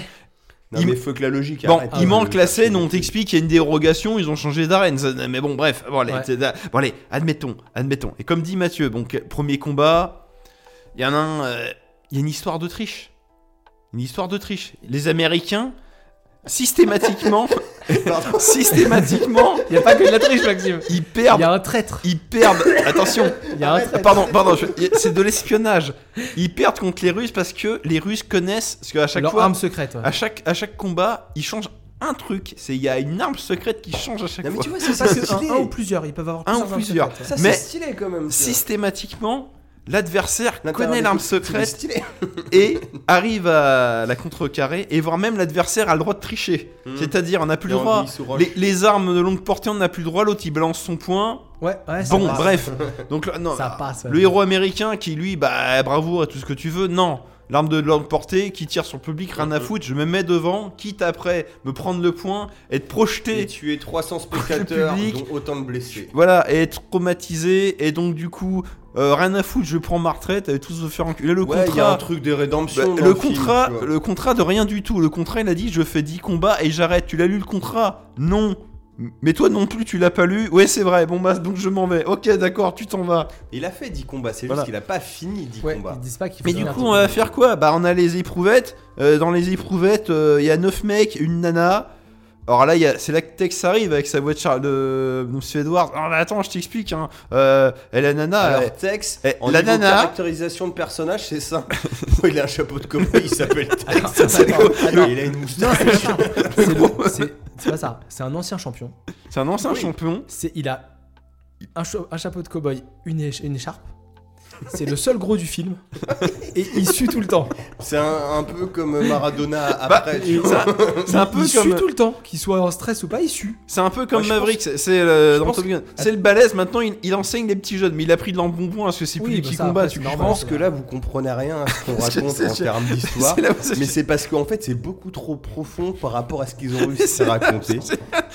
Speaker 1: Non,
Speaker 3: il-
Speaker 1: mais faut que la logique.
Speaker 3: Bon,
Speaker 1: arrête,
Speaker 2: ah,
Speaker 3: il
Speaker 1: euh,
Speaker 3: manque la
Speaker 1: parce que-
Speaker 3: scène où on t'explique qu'il y a une dérogation, ils ont changé d'arène. ça- Mais bon, bref, bon, allez,
Speaker 2: Ouais.
Speaker 3: t'es- bon, allez, admettons, admettons. Et comme dit Mathieu, bon, que- premier combat, il y en a un, euh, il y a une histoire de triche. Une histoire de triche. Les Américains, systématiquement,
Speaker 1: Pardon.
Speaker 3: systématiquement,
Speaker 2: Il n'y a pas que de la triche, Maxime.
Speaker 3: ils
Speaker 2: Il y
Speaker 3: perdent,
Speaker 2: a un traître.
Speaker 3: ils perdent. Attention,
Speaker 2: Il y a un
Speaker 1: Arrête,
Speaker 2: traître.
Speaker 3: pardon, pardon, je- c'est de l'espionnage. Ils perdent contre les Russes parce que les Russes connaissent, parce qu'à chaque
Speaker 2: Leur
Speaker 3: fois,
Speaker 2: arme secrète, ouais.
Speaker 3: à chaque, à chaque combat, ils changent un truc. C'est il y a une arme secrète qui change à chaque
Speaker 1: Non, mais
Speaker 3: fois.
Speaker 1: tu vois, c'est
Speaker 2: Pas
Speaker 1: ça, c'est
Speaker 2: que un,
Speaker 1: stylé.
Speaker 2: un ou plusieurs, ils peuvent avoir
Speaker 3: Un
Speaker 2: plusieurs
Speaker 3: ou
Speaker 2: armes
Speaker 3: plusieurs.
Speaker 2: secrètes, ouais.
Speaker 1: Ça,
Speaker 3: Mais-
Speaker 1: c'est stylé quand même. tu vois.
Speaker 3: Systématiquement, l'adversaire
Speaker 1: L'intérieur
Speaker 3: connaît
Speaker 1: des
Speaker 3: l'arme
Speaker 1: coups, c'est
Speaker 3: secrète
Speaker 1: stylé.
Speaker 3: et arrive à la contrecarrer, et voire même l'adversaire a le droit de tricher.
Speaker 1: Hmm.
Speaker 3: C'est-à-dire, on n'a plus
Speaker 1: Et
Speaker 3: le droit.
Speaker 1: Anguille sous roche.
Speaker 3: Les, les armes de longue portée, on n'a plus le droit. L'autre, il balance son point.
Speaker 2: Ouais, ouais, ça
Speaker 3: Bon,
Speaker 2: passe.
Speaker 3: bref. Donc, là, non,
Speaker 2: Ça passe. ouais.
Speaker 3: le héros américain qui, lui, bah, bravoure et tout ce que tu veux, non. L'arme de longue portée qui tire sur le public, rien
Speaker 1: Hmm.
Speaker 3: à foutre. Je me mets devant, quitte après me prendre le point, être projeté.
Speaker 1: Et tuer 300 spectateurs,
Speaker 3: public.
Speaker 1: dont autant de blessés.
Speaker 3: Voilà, et être traumatisé, et donc du coup, euh, rien à foutre, je prends ma retraite, euh, tous se faire enculer. Le
Speaker 1: Ouais, il y a un
Speaker 3: contrat,
Speaker 1: truc de rédemption.
Speaker 3: bah,
Speaker 1: dans
Speaker 3: le,
Speaker 1: film,
Speaker 3: contrat
Speaker 1: tu vois.
Speaker 3: le contrat de rien du tout. Le contrat, il a dit je fais 10 combats et j'arrête. Tu l'as lu le contrat Non. Mais toi non plus, tu l'as pas lu Ouais, c'est vrai, bon bah donc je m'en vais. Ok, d'accord, tu t'en vas.
Speaker 1: Il a fait 10 combats, c'est
Speaker 3: Voilà.
Speaker 1: juste qu'il a pas fini 10
Speaker 2: Ouais,
Speaker 1: combats.
Speaker 2: ils disent pas qu'il
Speaker 3: Mais
Speaker 2: faut
Speaker 3: du
Speaker 2: faire
Speaker 3: coup,
Speaker 2: un
Speaker 3: on va
Speaker 2: truc.
Speaker 3: faire quoi Bah, on a les éprouvettes. Euh, dans les éprouvettes, euh, il y a 9 mecs, une nana. Alors là, il y a- c'est là que Tex arrive avec sa voix de Charles de Monsieur Edwards. Alors mais attends, je t'explique. Hein. Euh, et la nana, elle-
Speaker 1: Alors, Tex,
Speaker 3: eh,
Speaker 1: en
Speaker 3: la
Speaker 1: niveau
Speaker 3: nana-
Speaker 1: caractérisation de personnage, c'est ça. il a un chapeau de cowboy, il s'appelle Tex.
Speaker 2: Attends, attends.
Speaker 1: il a une
Speaker 2: Non,
Speaker 1: moustache.
Speaker 2: c'est pas ça. C'est le- c'est- C'est pas ça. C'est un ancien champion.
Speaker 3: c'est un ancien
Speaker 1: Oui.
Speaker 3: champion.
Speaker 2: C'est il a un, cha- un chapeau de cow-boy, une, éche- une écharpe. C'est le seul gros du film. Et il sue tout le temps.
Speaker 1: C'est un, un peu comme Maradona
Speaker 2: Bah,
Speaker 1: après. tu vois.
Speaker 3: C'est un peu
Speaker 2: il sue
Speaker 3: comme,
Speaker 2: tout le temps, qu'il soit en stress ou pas, il sue.
Speaker 3: c'est un peu comme
Speaker 1: Ouais, je
Speaker 3: Maverick. c'est- C'est le, dans
Speaker 1: pense
Speaker 3: Top Gun. C'est le balèze. Maintenant, il, il enseigne les petits jeunes, mais il a pris de l'embonpoint parce que c'est plus
Speaker 2: Oui,
Speaker 3: les
Speaker 2: bah
Speaker 3: petits
Speaker 2: ça,
Speaker 3: combats.
Speaker 2: après,
Speaker 3: tu
Speaker 2: c'est
Speaker 1: Je
Speaker 2: normal.
Speaker 1: pense que là, vous comprenez rien à ce qu'on
Speaker 3: Je
Speaker 1: raconte
Speaker 3: sais,
Speaker 1: en
Speaker 3: je-
Speaker 1: termes
Speaker 3: vois.
Speaker 1: d'histoire.
Speaker 3: C'est là où c'est-
Speaker 1: Mais c'est parce qu'en fait, c'est beaucoup trop profond par rapport à ce qu'ils ont réussi à raconter.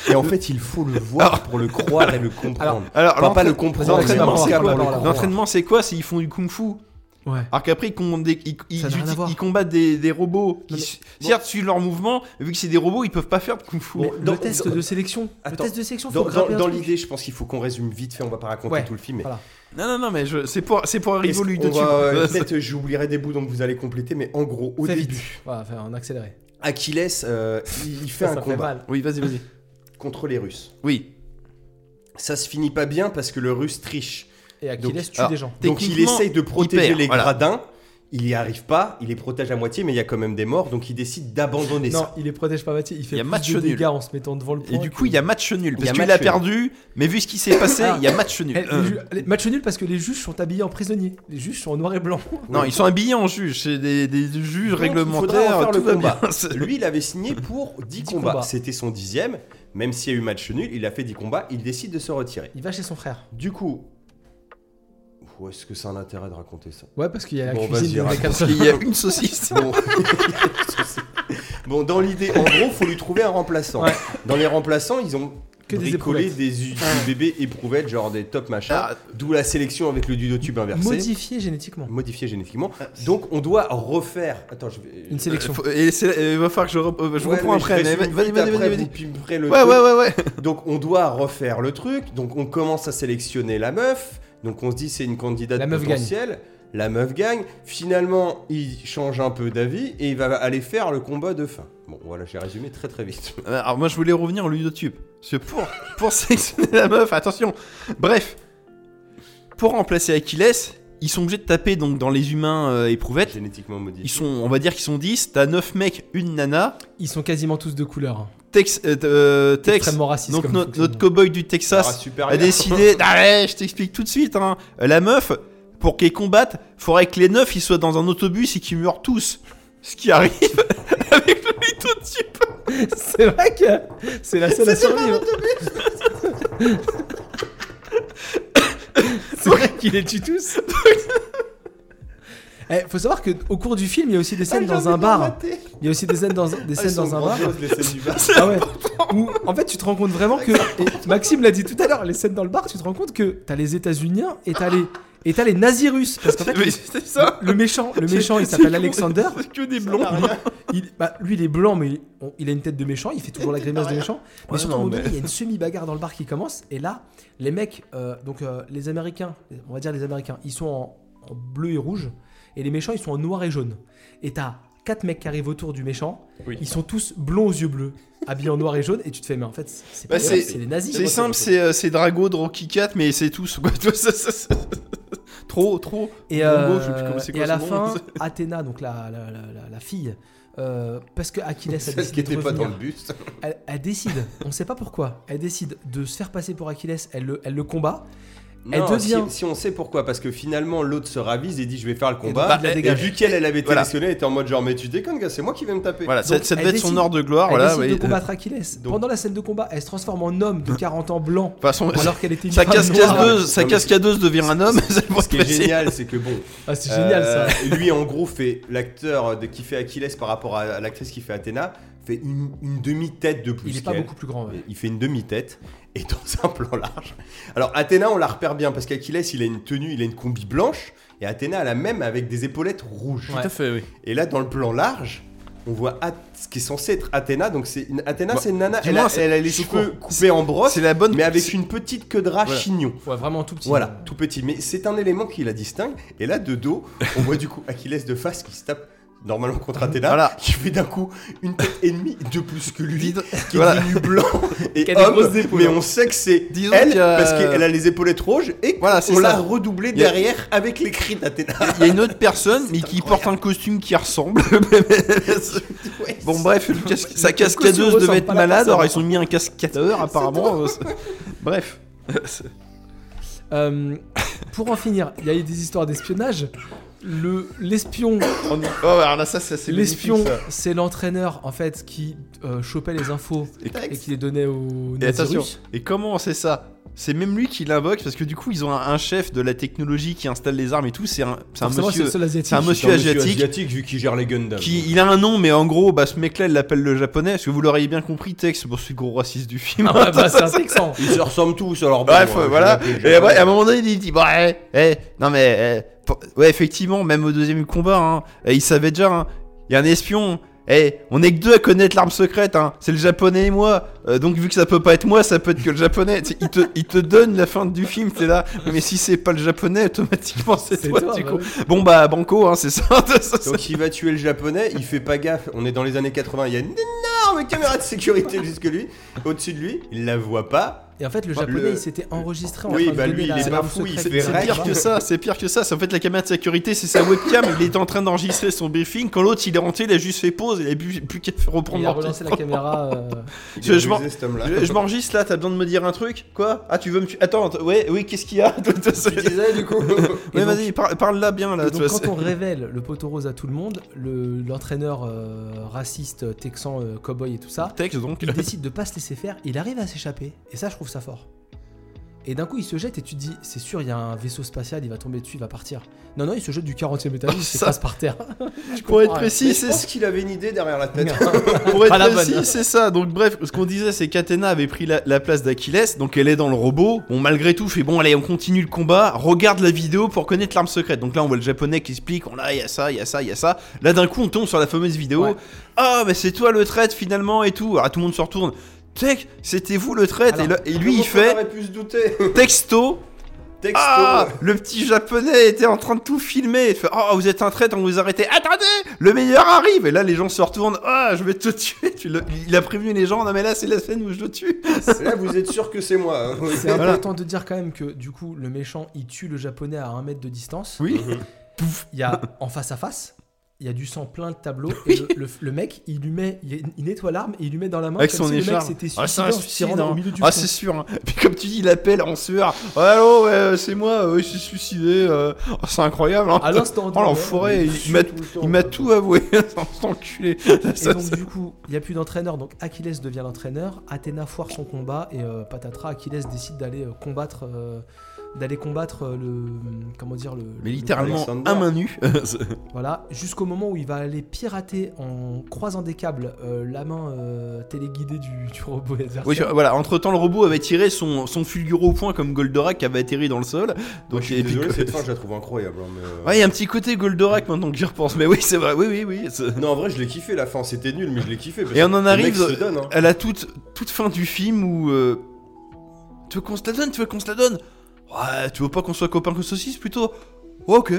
Speaker 1: Et en fait, il faut le voir pour le croire et le comprendre.
Speaker 2: Alors,
Speaker 3: alors,
Speaker 1: Enfin, pas
Speaker 3: l'entra-
Speaker 1: le comprendre, mais
Speaker 3: l'entraînement,
Speaker 1: en tout
Speaker 3: c'est
Speaker 1: cas,
Speaker 3: quoi
Speaker 1: pour le
Speaker 2: alors,
Speaker 1: croire.
Speaker 3: L'entraînement, c'est quoi C'est ils font du kung-fu.
Speaker 2: Ouais.
Speaker 3: Alors qu'après, ils, commandent des- ils, ils
Speaker 2: n'a rien à
Speaker 3: utilisent-
Speaker 2: voir.
Speaker 3: ils combattent des, des robots. qui
Speaker 2: mais-
Speaker 3: su- Certes, suivent leur mouvement, mais vu que c'est des robots, ils peuvent pas faire de kung fu.
Speaker 1: Bon, dans-
Speaker 2: le test
Speaker 1: dans-
Speaker 2: de sélection. Le
Speaker 1: Attends.
Speaker 2: test de sélection, faut
Speaker 1: Dans, dans-
Speaker 2: grimper un
Speaker 1: dans
Speaker 2: truc.
Speaker 1: l'idée, je pense qu'il faut qu'on résume vite fait. On va pas raconter
Speaker 2: Ouais.
Speaker 1: tout le film. Mais
Speaker 2: Voilà.
Speaker 3: Non, non, non, mais je- c'est pour, c'est pour arriver
Speaker 1: Est-ce
Speaker 3: au lieu
Speaker 1: qu'on
Speaker 3: de
Speaker 1: va, euh,
Speaker 3: dessus.
Speaker 1: Peut-être euh, j'oublierai des bouts, donc vous allez compléter. Mais en gros, au
Speaker 2: Fais
Speaker 1: début,
Speaker 2: vite. Voilà, faire en accéléré.
Speaker 1: Achilles, euh, il il fait
Speaker 2: Ça,
Speaker 1: un
Speaker 2: ça fait
Speaker 1: combat
Speaker 2: mal.
Speaker 3: Oui, vas-y, vas-y.
Speaker 1: contre les Russes.
Speaker 3: Oui.
Speaker 1: Ça se finit pas bien parce que le Russe triche.
Speaker 2: Et Achilles
Speaker 1: Donc,
Speaker 2: tue
Speaker 3: alors,
Speaker 2: des gens.
Speaker 1: Donc il
Speaker 3: Techniquement,
Speaker 1: essaye de protéger
Speaker 3: perd,
Speaker 1: les
Speaker 3: voilà.
Speaker 1: gradins. Il y arrive pas, il les protège à moitié, mais il y a quand même des morts, donc il décide d'abandonner
Speaker 2: Non,
Speaker 1: ça.
Speaker 2: il les protège pas moitié, il fait
Speaker 3: Il y a
Speaker 2: plus
Speaker 3: match
Speaker 2: de
Speaker 3: nul.
Speaker 2: dégâts en se mettant devant le point.
Speaker 3: Et du coup, il y a match nul.
Speaker 1: Il y
Speaker 3: Parce
Speaker 1: a
Speaker 3: qu'il
Speaker 1: match
Speaker 3: a
Speaker 1: nul. Ah.
Speaker 3: perdu, mais vu ce qui s'est passé, il y a match nul. Euh.
Speaker 2: Eh, les ju- les- match nul parce que les juges sont habillés en prisonniers. Les juges sont en noir et blanc.
Speaker 3: Non, ils sont habillés en juge. C'est des, des juges
Speaker 1: Donc, il
Speaker 3: réglementaires.
Speaker 1: faudrait en faire
Speaker 3: tout
Speaker 1: le
Speaker 3: va bien.
Speaker 1: combat.
Speaker 3: C'est-
Speaker 1: Lui, il avait signé pour 10
Speaker 2: 10
Speaker 1: combats.
Speaker 2: combats.
Speaker 1: C'était son dixième. Même s'il y a eu match nul, il a fait 10 combats, il décide de se retirer.
Speaker 2: Il va chez son frère.
Speaker 1: Du coup. Ouh, Est-ce que c'est un intérêt de raconter ça
Speaker 2: Ouais, parce qu'il y a la
Speaker 1: Bon, vas-y,
Speaker 2: cuisine dans les
Speaker 1: raconte.
Speaker 2: quatre-
Speaker 3: Il y a une saucisse.
Speaker 1: Bon, Bon, dans l'idée, en gros, faut lui trouver un remplaçant.
Speaker 2: Ouais.
Speaker 1: Dans les remplaçants, ils ont
Speaker 2: Que des
Speaker 1: bricolé
Speaker 2: éprouvettes.
Speaker 1: des, u- du bébé éprouvettes, genre des top machins.
Speaker 3: Ah.
Speaker 1: D'où la sélection avec le ludotube inversé,
Speaker 2: Modifié génétiquement.
Speaker 3: Euh,
Speaker 1: modifié génétiquement. Ah. Donc, on doit refaire. Attends, je vais.
Speaker 2: Une sélection.
Speaker 3: Faut- Et c'est- euh, il va falloir que je, rep- euh, je
Speaker 1: Ouais,
Speaker 3: reprends
Speaker 1: mais
Speaker 3: après. mais
Speaker 1: résume
Speaker 3: Vas-y, vas-y,
Speaker 1: vite,
Speaker 3: vas-y,
Speaker 1: après,
Speaker 3: vas-y.
Speaker 1: vous pimerez le
Speaker 3: Ouais,
Speaker 1: truc.
Speaker 3: ouais, ouais, ouais.
Speaker 1: Donc, on doit refaire le truc. Donc, on commence à sélectionner la meuf. Donc, on se dit, c'est une candidate
Speaker 2: La meuf gagne.
Speaker 1: potentielle. La meuf gagne. Finalement, il change un peu d'avis et il va aller faire le combat de fin. Bon, voilà, j'ai résumé très très vite.
Speaker 3: Euh, Alors moi je voulais revenir au ludotube. Parce que pour, pour sélectionner la meuf, attention. Bref, pour remplacer Achilles, ils sont obligés de taper donc dans les humains euh, éprouvettes.
Speaker 1: Génétiquement modifié.
Speaker 3: Ils sont, on va dire qu'ils sont 10, t'as 9 mecs, une nana,
Speaker 2: Ils sont quasiment tous de couleur. hein.
Speaker 3: Tex, euh, euh, Tex
Speaker 2: Extrêmement raciste.
Speaker 3: donc
Speaker 2: comme
Speaker 3: notre,
Speaker 2: fonctionnement.
Speaker 3: notre cowboy du
Speaker 1: Ah,
Speaker 2: Bah,
Speaker 3: Texas, a décidé, allez je t'explique tout de suite, hein. la meuf, pour qu'elle combatte, faudrait que les 9 ils soient dans un autobus et qu'ils meurent tous. Ce qui arrive avec le ludotube.
Speaker 2: C'est vrai que c'est la seule à survivre. C'est vrai qu'il les tue tous. Eh, faut savoir que au cours du film, Ah, il y a aussi des scènes dans un bar. Il y a aussi des scènes dans des scènes dans un bar. Ah ouais. Où en fait, tu te rends compte vraiment que et Maxime l'a dit tout à l'heure, les scènes dans le bar, tu te rends compte que t'as les États-Unis et t'as les et t'as les nazis russes parce qu'en fait
Speaker 3: Mais c'est ça
Speaker 2: le méchant, le
Speaker 3: C'est-
Speaker 2: méchant, il
Speaker 3: c'est
Speaker 2: s'appelle
Speaker 3: con-
Speaker 2: Alexander.
Speaker 3: C'est que des blonds.
Speaker 2: Il- bah, lui, il est blanc, mais il, on- il a une tête de méchant. Il fait toujours la grimace de méchant. Mais
Speaker 3: Ouais,
Speaker 2: surtout,
Speaker 3: non,
Speaker 2: à un moment
Speaker 3: mais-
Speaker 2: donné, il y a une semi-bagarre dans le bar qui commence. Et là, les mecs, euh, donc euh, les Américains, on va dire les Américains, ils sont en, en bleu et rouge. Et les méchants, ils sont en noir et jaune. Et t'as quatre mecs qui arrivent autour du méchant.
Speaker 1: Oui.
Speaker 2: Ils sont tous blonds aux yeux bleus, habillés en noir et jaune. Et tu te fais, mais en fait, c'est pas
Speaker 3: Bah,
Speaker 2: les Russes,
Speaker 3: c'est-
Speaker 2: c'est les nazis.
Speaker 3: C'est simple, c'est euh, c'est Drago de Rocky 4, mais c'est tout. Quoi. Ça, ça, ça, ça. Trop, trop.
Speaker 2: Et,
Speaker 3: Bongo,
Speaker 2: euh,
Speaker 3: je sais plus comment c'est
Speaker 2: et
Speaker 3: quoi
Speaker 2: à la
Speaker 3: son
Speaker 2: fin,
Speaker 3: nom.
Speaker 2: Athéna, donc la, la, la- la- la fille, euh, parce que Achilles a
Speaker 1: Celle qui
Speaker 2: décidé
Speaker 1: était
Speaker 2: de
Speaker 1: pas dans
Speaker 2: revenir,
Speaker 1: le bus.
Speaker 2: elle, elle décide, on sait pas pourquoi, elle décide de se faire passer pour Achilles, elle le, elle le combat. Elle
Speaker 1: Non,
Speaker 2: devient-
Speaker 1: si, si on sait pourquoi, parce que finalement l'autre se ravise et dit je vais faire le combat.
Speaker 3: bah,
Speaker 2: donc, il
Speaker 1: Et,
Speaker 2: la dégage.
Speaker 1: vu qu'elle elle avait été
Speaker 3: Voilà.
Speaker 1: sélectionnée, elle était en mode genre mais tu déconnes gars, c'est moi qui vais me taper.
Speaker 3: Voilà, ça-
Speaker 2: Donc,
Speaker 3: ça devait
Speaker 2: elle
Speaker 3: être son
Speaker 2: décide-
Speaker 3: ordre de gloire.
Speaker 2: elle
Speaker 3: Voilà,
Speaker 2: décide
Speaker 3: oui.
Speaker 2: de combattre Achilles.
Speaker 1: donc-
Speaker 2: Pendant la scène de combat, elle se transforme en homme de 40 ans blanc,
Speaker 3: De toute façon,
Speaker 2: alors qu'elle était une
Speaker 3: sa
Speaker 2: femme noire.
Speaker 3: cascadeuse, sa
Speaker 1: Non, mais-
Speaker 3: cascadeuse devient un homme. c'est pour
Speaker 1: Ce qui est
Speaker 3: passer.
Speaker 1: génial, c'est que bon,
Speaker 2: Ah, c'est génial ça.
Speaker 1: euh, lui en gros fait l'acteur de- qui fait Achilles par rapport à, à l'actrice qui fait Athéna, fait une, une demi-tête de plus
Speaker 2: Il est pas
Speaker 1: qu'elle.
Speaker 2: beaucoup plus grand. ouais.
Speaker 1: Et Il fait une demi-tête et dans un plan large. Alors Athéna, on la repère bien parce qu'Aquiles, il a une tenue, il a une combi blanche et Athéna a la même avec des épaulettes rouges.
Speaker 2: Ouais.
Speaker 3: Tout à fait, oui.
Speaker 1: Et là, dans le plan large, on voit Ath- ce qui est censé être Athéna. Donc c'est une- Athéna,
Speaker 3: Bah,
Speaker 1: c'est une nana. Elle
Speaker 3: dis-moi,
Speaker 1: a,
Speaker 3: c'est-
Speaker 1: elle a les
Speaker 3: c'est
Speaker 1: cheveux
Speaker 3: court.
Speaker 1: coupés en brosse,
Speaker 3: C'est la bonne.
Speaker 1: mais avec
Speaker 3: c'est-
Speaker 1: une petite queue de rat
Speaker 3: Voilà.
Speaker 1: chignon.
Speaker 2: Ouais, vraiment tout petit.
Speaker 1: Voilà, tout petit. Mais c'est un élément qui la distingue. Et là, de dos, on voit du coup Achilles de face qui se tape normalement contre Athéna,
Speaker 3: Voilà.
Speaker 1: qui fait d'un coup une tête et demie de plus que lui,
Speaker 3: Vide.
Speaker 1: qui
Speaker 3: Voilà.
Speaker 1: est devenu blanc et
Speaker 2: Qui a des grosses
Speaker 1: homme.
Speaker 2: épaules.
Speaker 1: Mais on sait que c'est
Speaker 3: hein. Disons
Speaker 1: elle
Speaker 3: qu'il y a-
Speaker 1: parce qu'elle a les épaulettes rouges et
Speaker 3: Voilà, c'est
Speaker 1: on l'a
Speaker 3: ça.
Speaker 1: redoublée
Speaker 3: Il y a-
Speaker 1: derrière avec les cris d'Athéna.
Speaker 3: Il y a une autre personne, mais qui porte un costume qui ressemble.
Speaker 1: Ouais,
Speaker 3: bon,
Speaker 1: c'est-
Speaker 3: bref, le cas- sa
Speaker 2: costume
Speaker 3: cascadeuse
Speaker 2: ressemble
Speaker 3: devait être
Speaker 2: pas à la
Speaker 3: malade, alors ils
Speaker 2: personne.
Speaker 3: ont mis un cascadeur apparemment. euh, c'est- bref.
Speaker 2: Euh, pour en finir, il y a eu des histoires d'espionnage. Le l'espion,
Speaker 3: On y- Oh, alors là, ça, ça, c'est
Speaker 2: l'espion,
Speaker 3: magnifique,
Speaker 2: c'est l'entraîneur en fait qui euh, chopait les infos
Speaker 3: ça.
Speaker 2: et qui les donnait aux
Speaker 3: Et
Speaker 2: nazis
Speaker 3: attention.
Speaker 2: russes.
Speaker 3: Et comment c'est ça C'est même lui qui l'invoque parce que du coup ils ont un, un chef de la technologie qui installe les armes et tout. C'est un, c'est un
Speaker 2: Forcément, c'est
Speaker 3: monsieur.
Speaker 2: le seul asiatique.
Speaker 3: c'est un monsieur asiatique.
Speaker 1: vu qu'il gère les
Speaker 2: Ah,
Speaker 1: Gundam.
Speaker 3: Qui, il a un nom, mais en gros, bah, ce mec-là, il l'appelle le japonais. Parce que vous l'auriez bien compris, Tex, pour ce gros raciste du film.
Speaker 2: Ah ouais, bah, c'est un texan.
Speaker 1: Ils se ressemblent tous alors bon,
Speaker 3: Bref,
Speaker 1: moi, je
Speaker 3: voilà.
Speaker 1: vais l'appeler
Speaker 3: Et après, à un
Speaker 1: Japonais.
Speaker 3: moment donné, il dit Bah, eh, eh, non, mais. eh, pour- ouais, effectivement, même au deuxième combat, hein, eh, il savait déjà, hein, il y a un espion. Eh, on est que deux à connaître l'arme secrète, hein. C'est le japonais et moi. Euh, donc, vu que ça peut pas être moi, ça peut être que le japonais. Tu sais, il, te, il te donne la fin du film, t'es là. Mais si c'est pas le japonais, automatiquement, c'est
Speaker 2: C'est
Speaker 3: toi,
Speaker 2: toi,
Speaker 3: du
Speaker 2: bah
Speaker 3: coup.
Speaker 2: oui.
Speaker 3: Bon, bah, Banco, hein, c'est ça.
Speaker 1: Donc il va tuer le japonais, il fait pas gaffe, on est dans les années 80, il y a une énorme caméra de sécurité jusque lui, au-dessus de lui, il la voit pas.
Speaker 2: Et en fait, le
Speaker 1: Bah,
Speaker 2: japonais,
Speaker 1: le-
Speaker 2: il s'était enregistré en
Speaker 1: Oui,
Speaker 2: train de
Speaker 1: bah,
Speaker 2: donner
Speaker 1: lui, il
Speaker 2: la-
Speaker 1: est
Speaker 2: l'arme
Speaker 1: pas fou, il
Speaker 2: secrète
Speaker 1: s'est
Speaker 2: du
Speaker 1: fait
Speaker 2: Japon.
Speaker 3: C'est pire que ça, c'est pire que ça. C'est en fait la caméra de sécurité, c'est sa webcam. Il est en train d'enregistrer son briefing. Quand l'autre il est rentré, il a juste fait pause. Il a bu- plus qu'à faire reprendre
Speaker 2: Il a relancé la
Speaker 3: l'enregistrement.
Speaker 2: caméra. euh,
Speaker 1: Il
Speaker 3: Je-
Speaker 1: a
Speaker 3: je m'en-
Speaker 1: rusé, cet homme-là.
Speaker 3: Je, je m'enregistre là, t'as besoin de me dire un truc Quoi Ah, tu veux me tuer Attends, att- ouais, oui, qu'est-ce qu'il y a
Speaker 1: Tu disais, du coup.
Speaker 2: Et
Speaker 3: Ouais,
Speaker 2: donc-
Speaker 3: vas-y, par- parle là bien là.
Speaker 2: Et
Speaker 3: tu
Speaker 2: donc,
Speaker 3: vois,
Speaker 2: quand on révèle le poteau rose à tout le monde, le- l'entraîneur euh, raciste, texan, euh, cowboy et tout ça,
Speaker 3: c'est- Texte donc.
Speaker 2: il décide de pas se laisser faire, il arrive à s'échapper. Et ça, je trouve ça fort. Et d'un coup, il se jette et tu te dis, c'est sûr, il y a un vaisseau spatial, il va tomber dessus, il va partir. Non, non, il se jette du 40 e étage, il se
Speaker 3: Ça-
Speaker 2: passe par terre.
Speaker 3: Pour être
Speaker 2: comprends,
Speaker 3: précis,
Speaker 1: je
Speaker 3: c'est
Speaker 1: pense qu'il avait une idée derrière la tête.
Speaker 3: pour être
Speaker 2: Pas la
Speaker 3: précis,
Speaker 2: bonne.
Speaker 3: c'est ça. Donc bref, ce qu'on disait, c'est qu'Athéna avait pris la, la place d'Achilles, donc elle est dans le robot. Bon, malgré tout, fait bon, allez, on continue le combat. Regarde la vidéo pour connaître l'arme secrète. Donc là, on voit le japonais qui explique, on là, il y a ça, il y a ça, il y a ça. Là, d'un coup, on tombe sur la fameuse vidéo.
Speaker 2: Ouais.
Speaker 3: Ah, mais c'est toi le traître finalement et tout. Alors tout le monde se retourne. Tech, c'était vous le traître.
Speaker 2: Alors,
Speaker 3: et, là- et lui, il
Speaker 1: Comment On
Speaker 3: fait
Speaker 1: aurait pu se douter.
Speaker 3: texto.
Speaker 1: Texto.
Speaker 3: Ah, le petit japonais était en train de tout filmer. Il fait, oh, vous êtes un traître, on vous arrêtez. Attendez, le meilleur arrive. Et là, les gens se retournent. Ah, je vais te tuer. Tu l'as- il a prévenu les gens. Non, mais là, c'est la scène où je le tue.
Speaker 1: Et Là, vous êtes sûr que c'est moi. hein.
Speaker 2: C'est important de dire quand même que du coup, le méchant, il tue le japonais à un mètre de distance.
Speaker 3: Oui.
Speaker 2: Pouf, il y a en face à face. Il y a du sang plein le tableau et le, le- le mec il lui met il, il nettoie l'arme et il lui met dans la main
Speaker 3: Avec
Speaker 2: comme
Speaker 3: son
Speaker 2: si le mec
Speaker 3: écharpe.
Speaker 2: s'était
Speaker 3: Ah, c'est un
Speaker 2: suicidé en se tirant
Speaker 3: suicide,
Speaker 2: dans
Speaker 3: hein.
Speaker 2: le milieu du
Speaker 3: Ah,
Speaker 2: front.
Speaker 3: c'est sûr. hein. Puis, comme tu dis, il appelle en sueur. Oh, allô, ouais, euh, c'est moi. euh, je suis suicidé. euh. Oh, c'est incroyable. hein.
Speaker 2: à l'instant
Speaker 3: Oh,
Speaker 2: de-
Speaker 3: l'enfoiré. Il, il m'a-
Speaker 1: Tout le temps.
Speaker 3: il m'a tout avoué. Cet enculé.
Speaker 2: Et
Speaker 3: Ça,
Speaker 2: donc
Speaker 3: ça-
Speaker 2: du coup, il n'y a plus d'entraîneur, donc Achilles devient l'entraîneur, Athéna foire son combat et euh, patatras, Achilles décide d'aller euh, combattre, euh, d'aller combattre euh, le, comment dire le.
Speaker 3: Mais
Speaker 2: le-
Speaker 3: littéralement,
Speaker 1: Alexander.
Speaker 3: à main nue.
Speaker 2: voilà, jusqu'au moment où il va aller pirater en croisant des câbles euh, la main euh, téléguidée du, du robot adversaire.
Speaker 3: Oui, tu vois, voilà. Entre temps, le robot avait tiré son, son fulguro au point comme Goldorak avait atterri dans le sol.
Speaker 1: Moi, je
Speaker 3: Donc,
Speaker 1: suis
Speaker 3: et puis-
Speaker 1: désolé, cette fin, je la trouve incroyable. hein, mais, euh,
Speaker 3: Ouais, il y a un petit côté Goldorak maintenant que j'y repense. Mais oui, c'est vrai. Oui, oui, oui. c'est-
Speaker 1: Non, en vrai, je l'ai kiffé la fin. C'était nul, mais je l'ai kiffé. parce
Speaker 3: Et on en
Speaker 1: que le
Speaker 3: arrive-
Speaker 1: mec se donne, hein.
Speaker 3: Elle a toute, toute fin du film où. euh, Tu veux qu'on se la donne Tu veux qu'on se la donne Ouais, tu veux pas qu'on soit copains que saucisse plutôt Ouais, ok.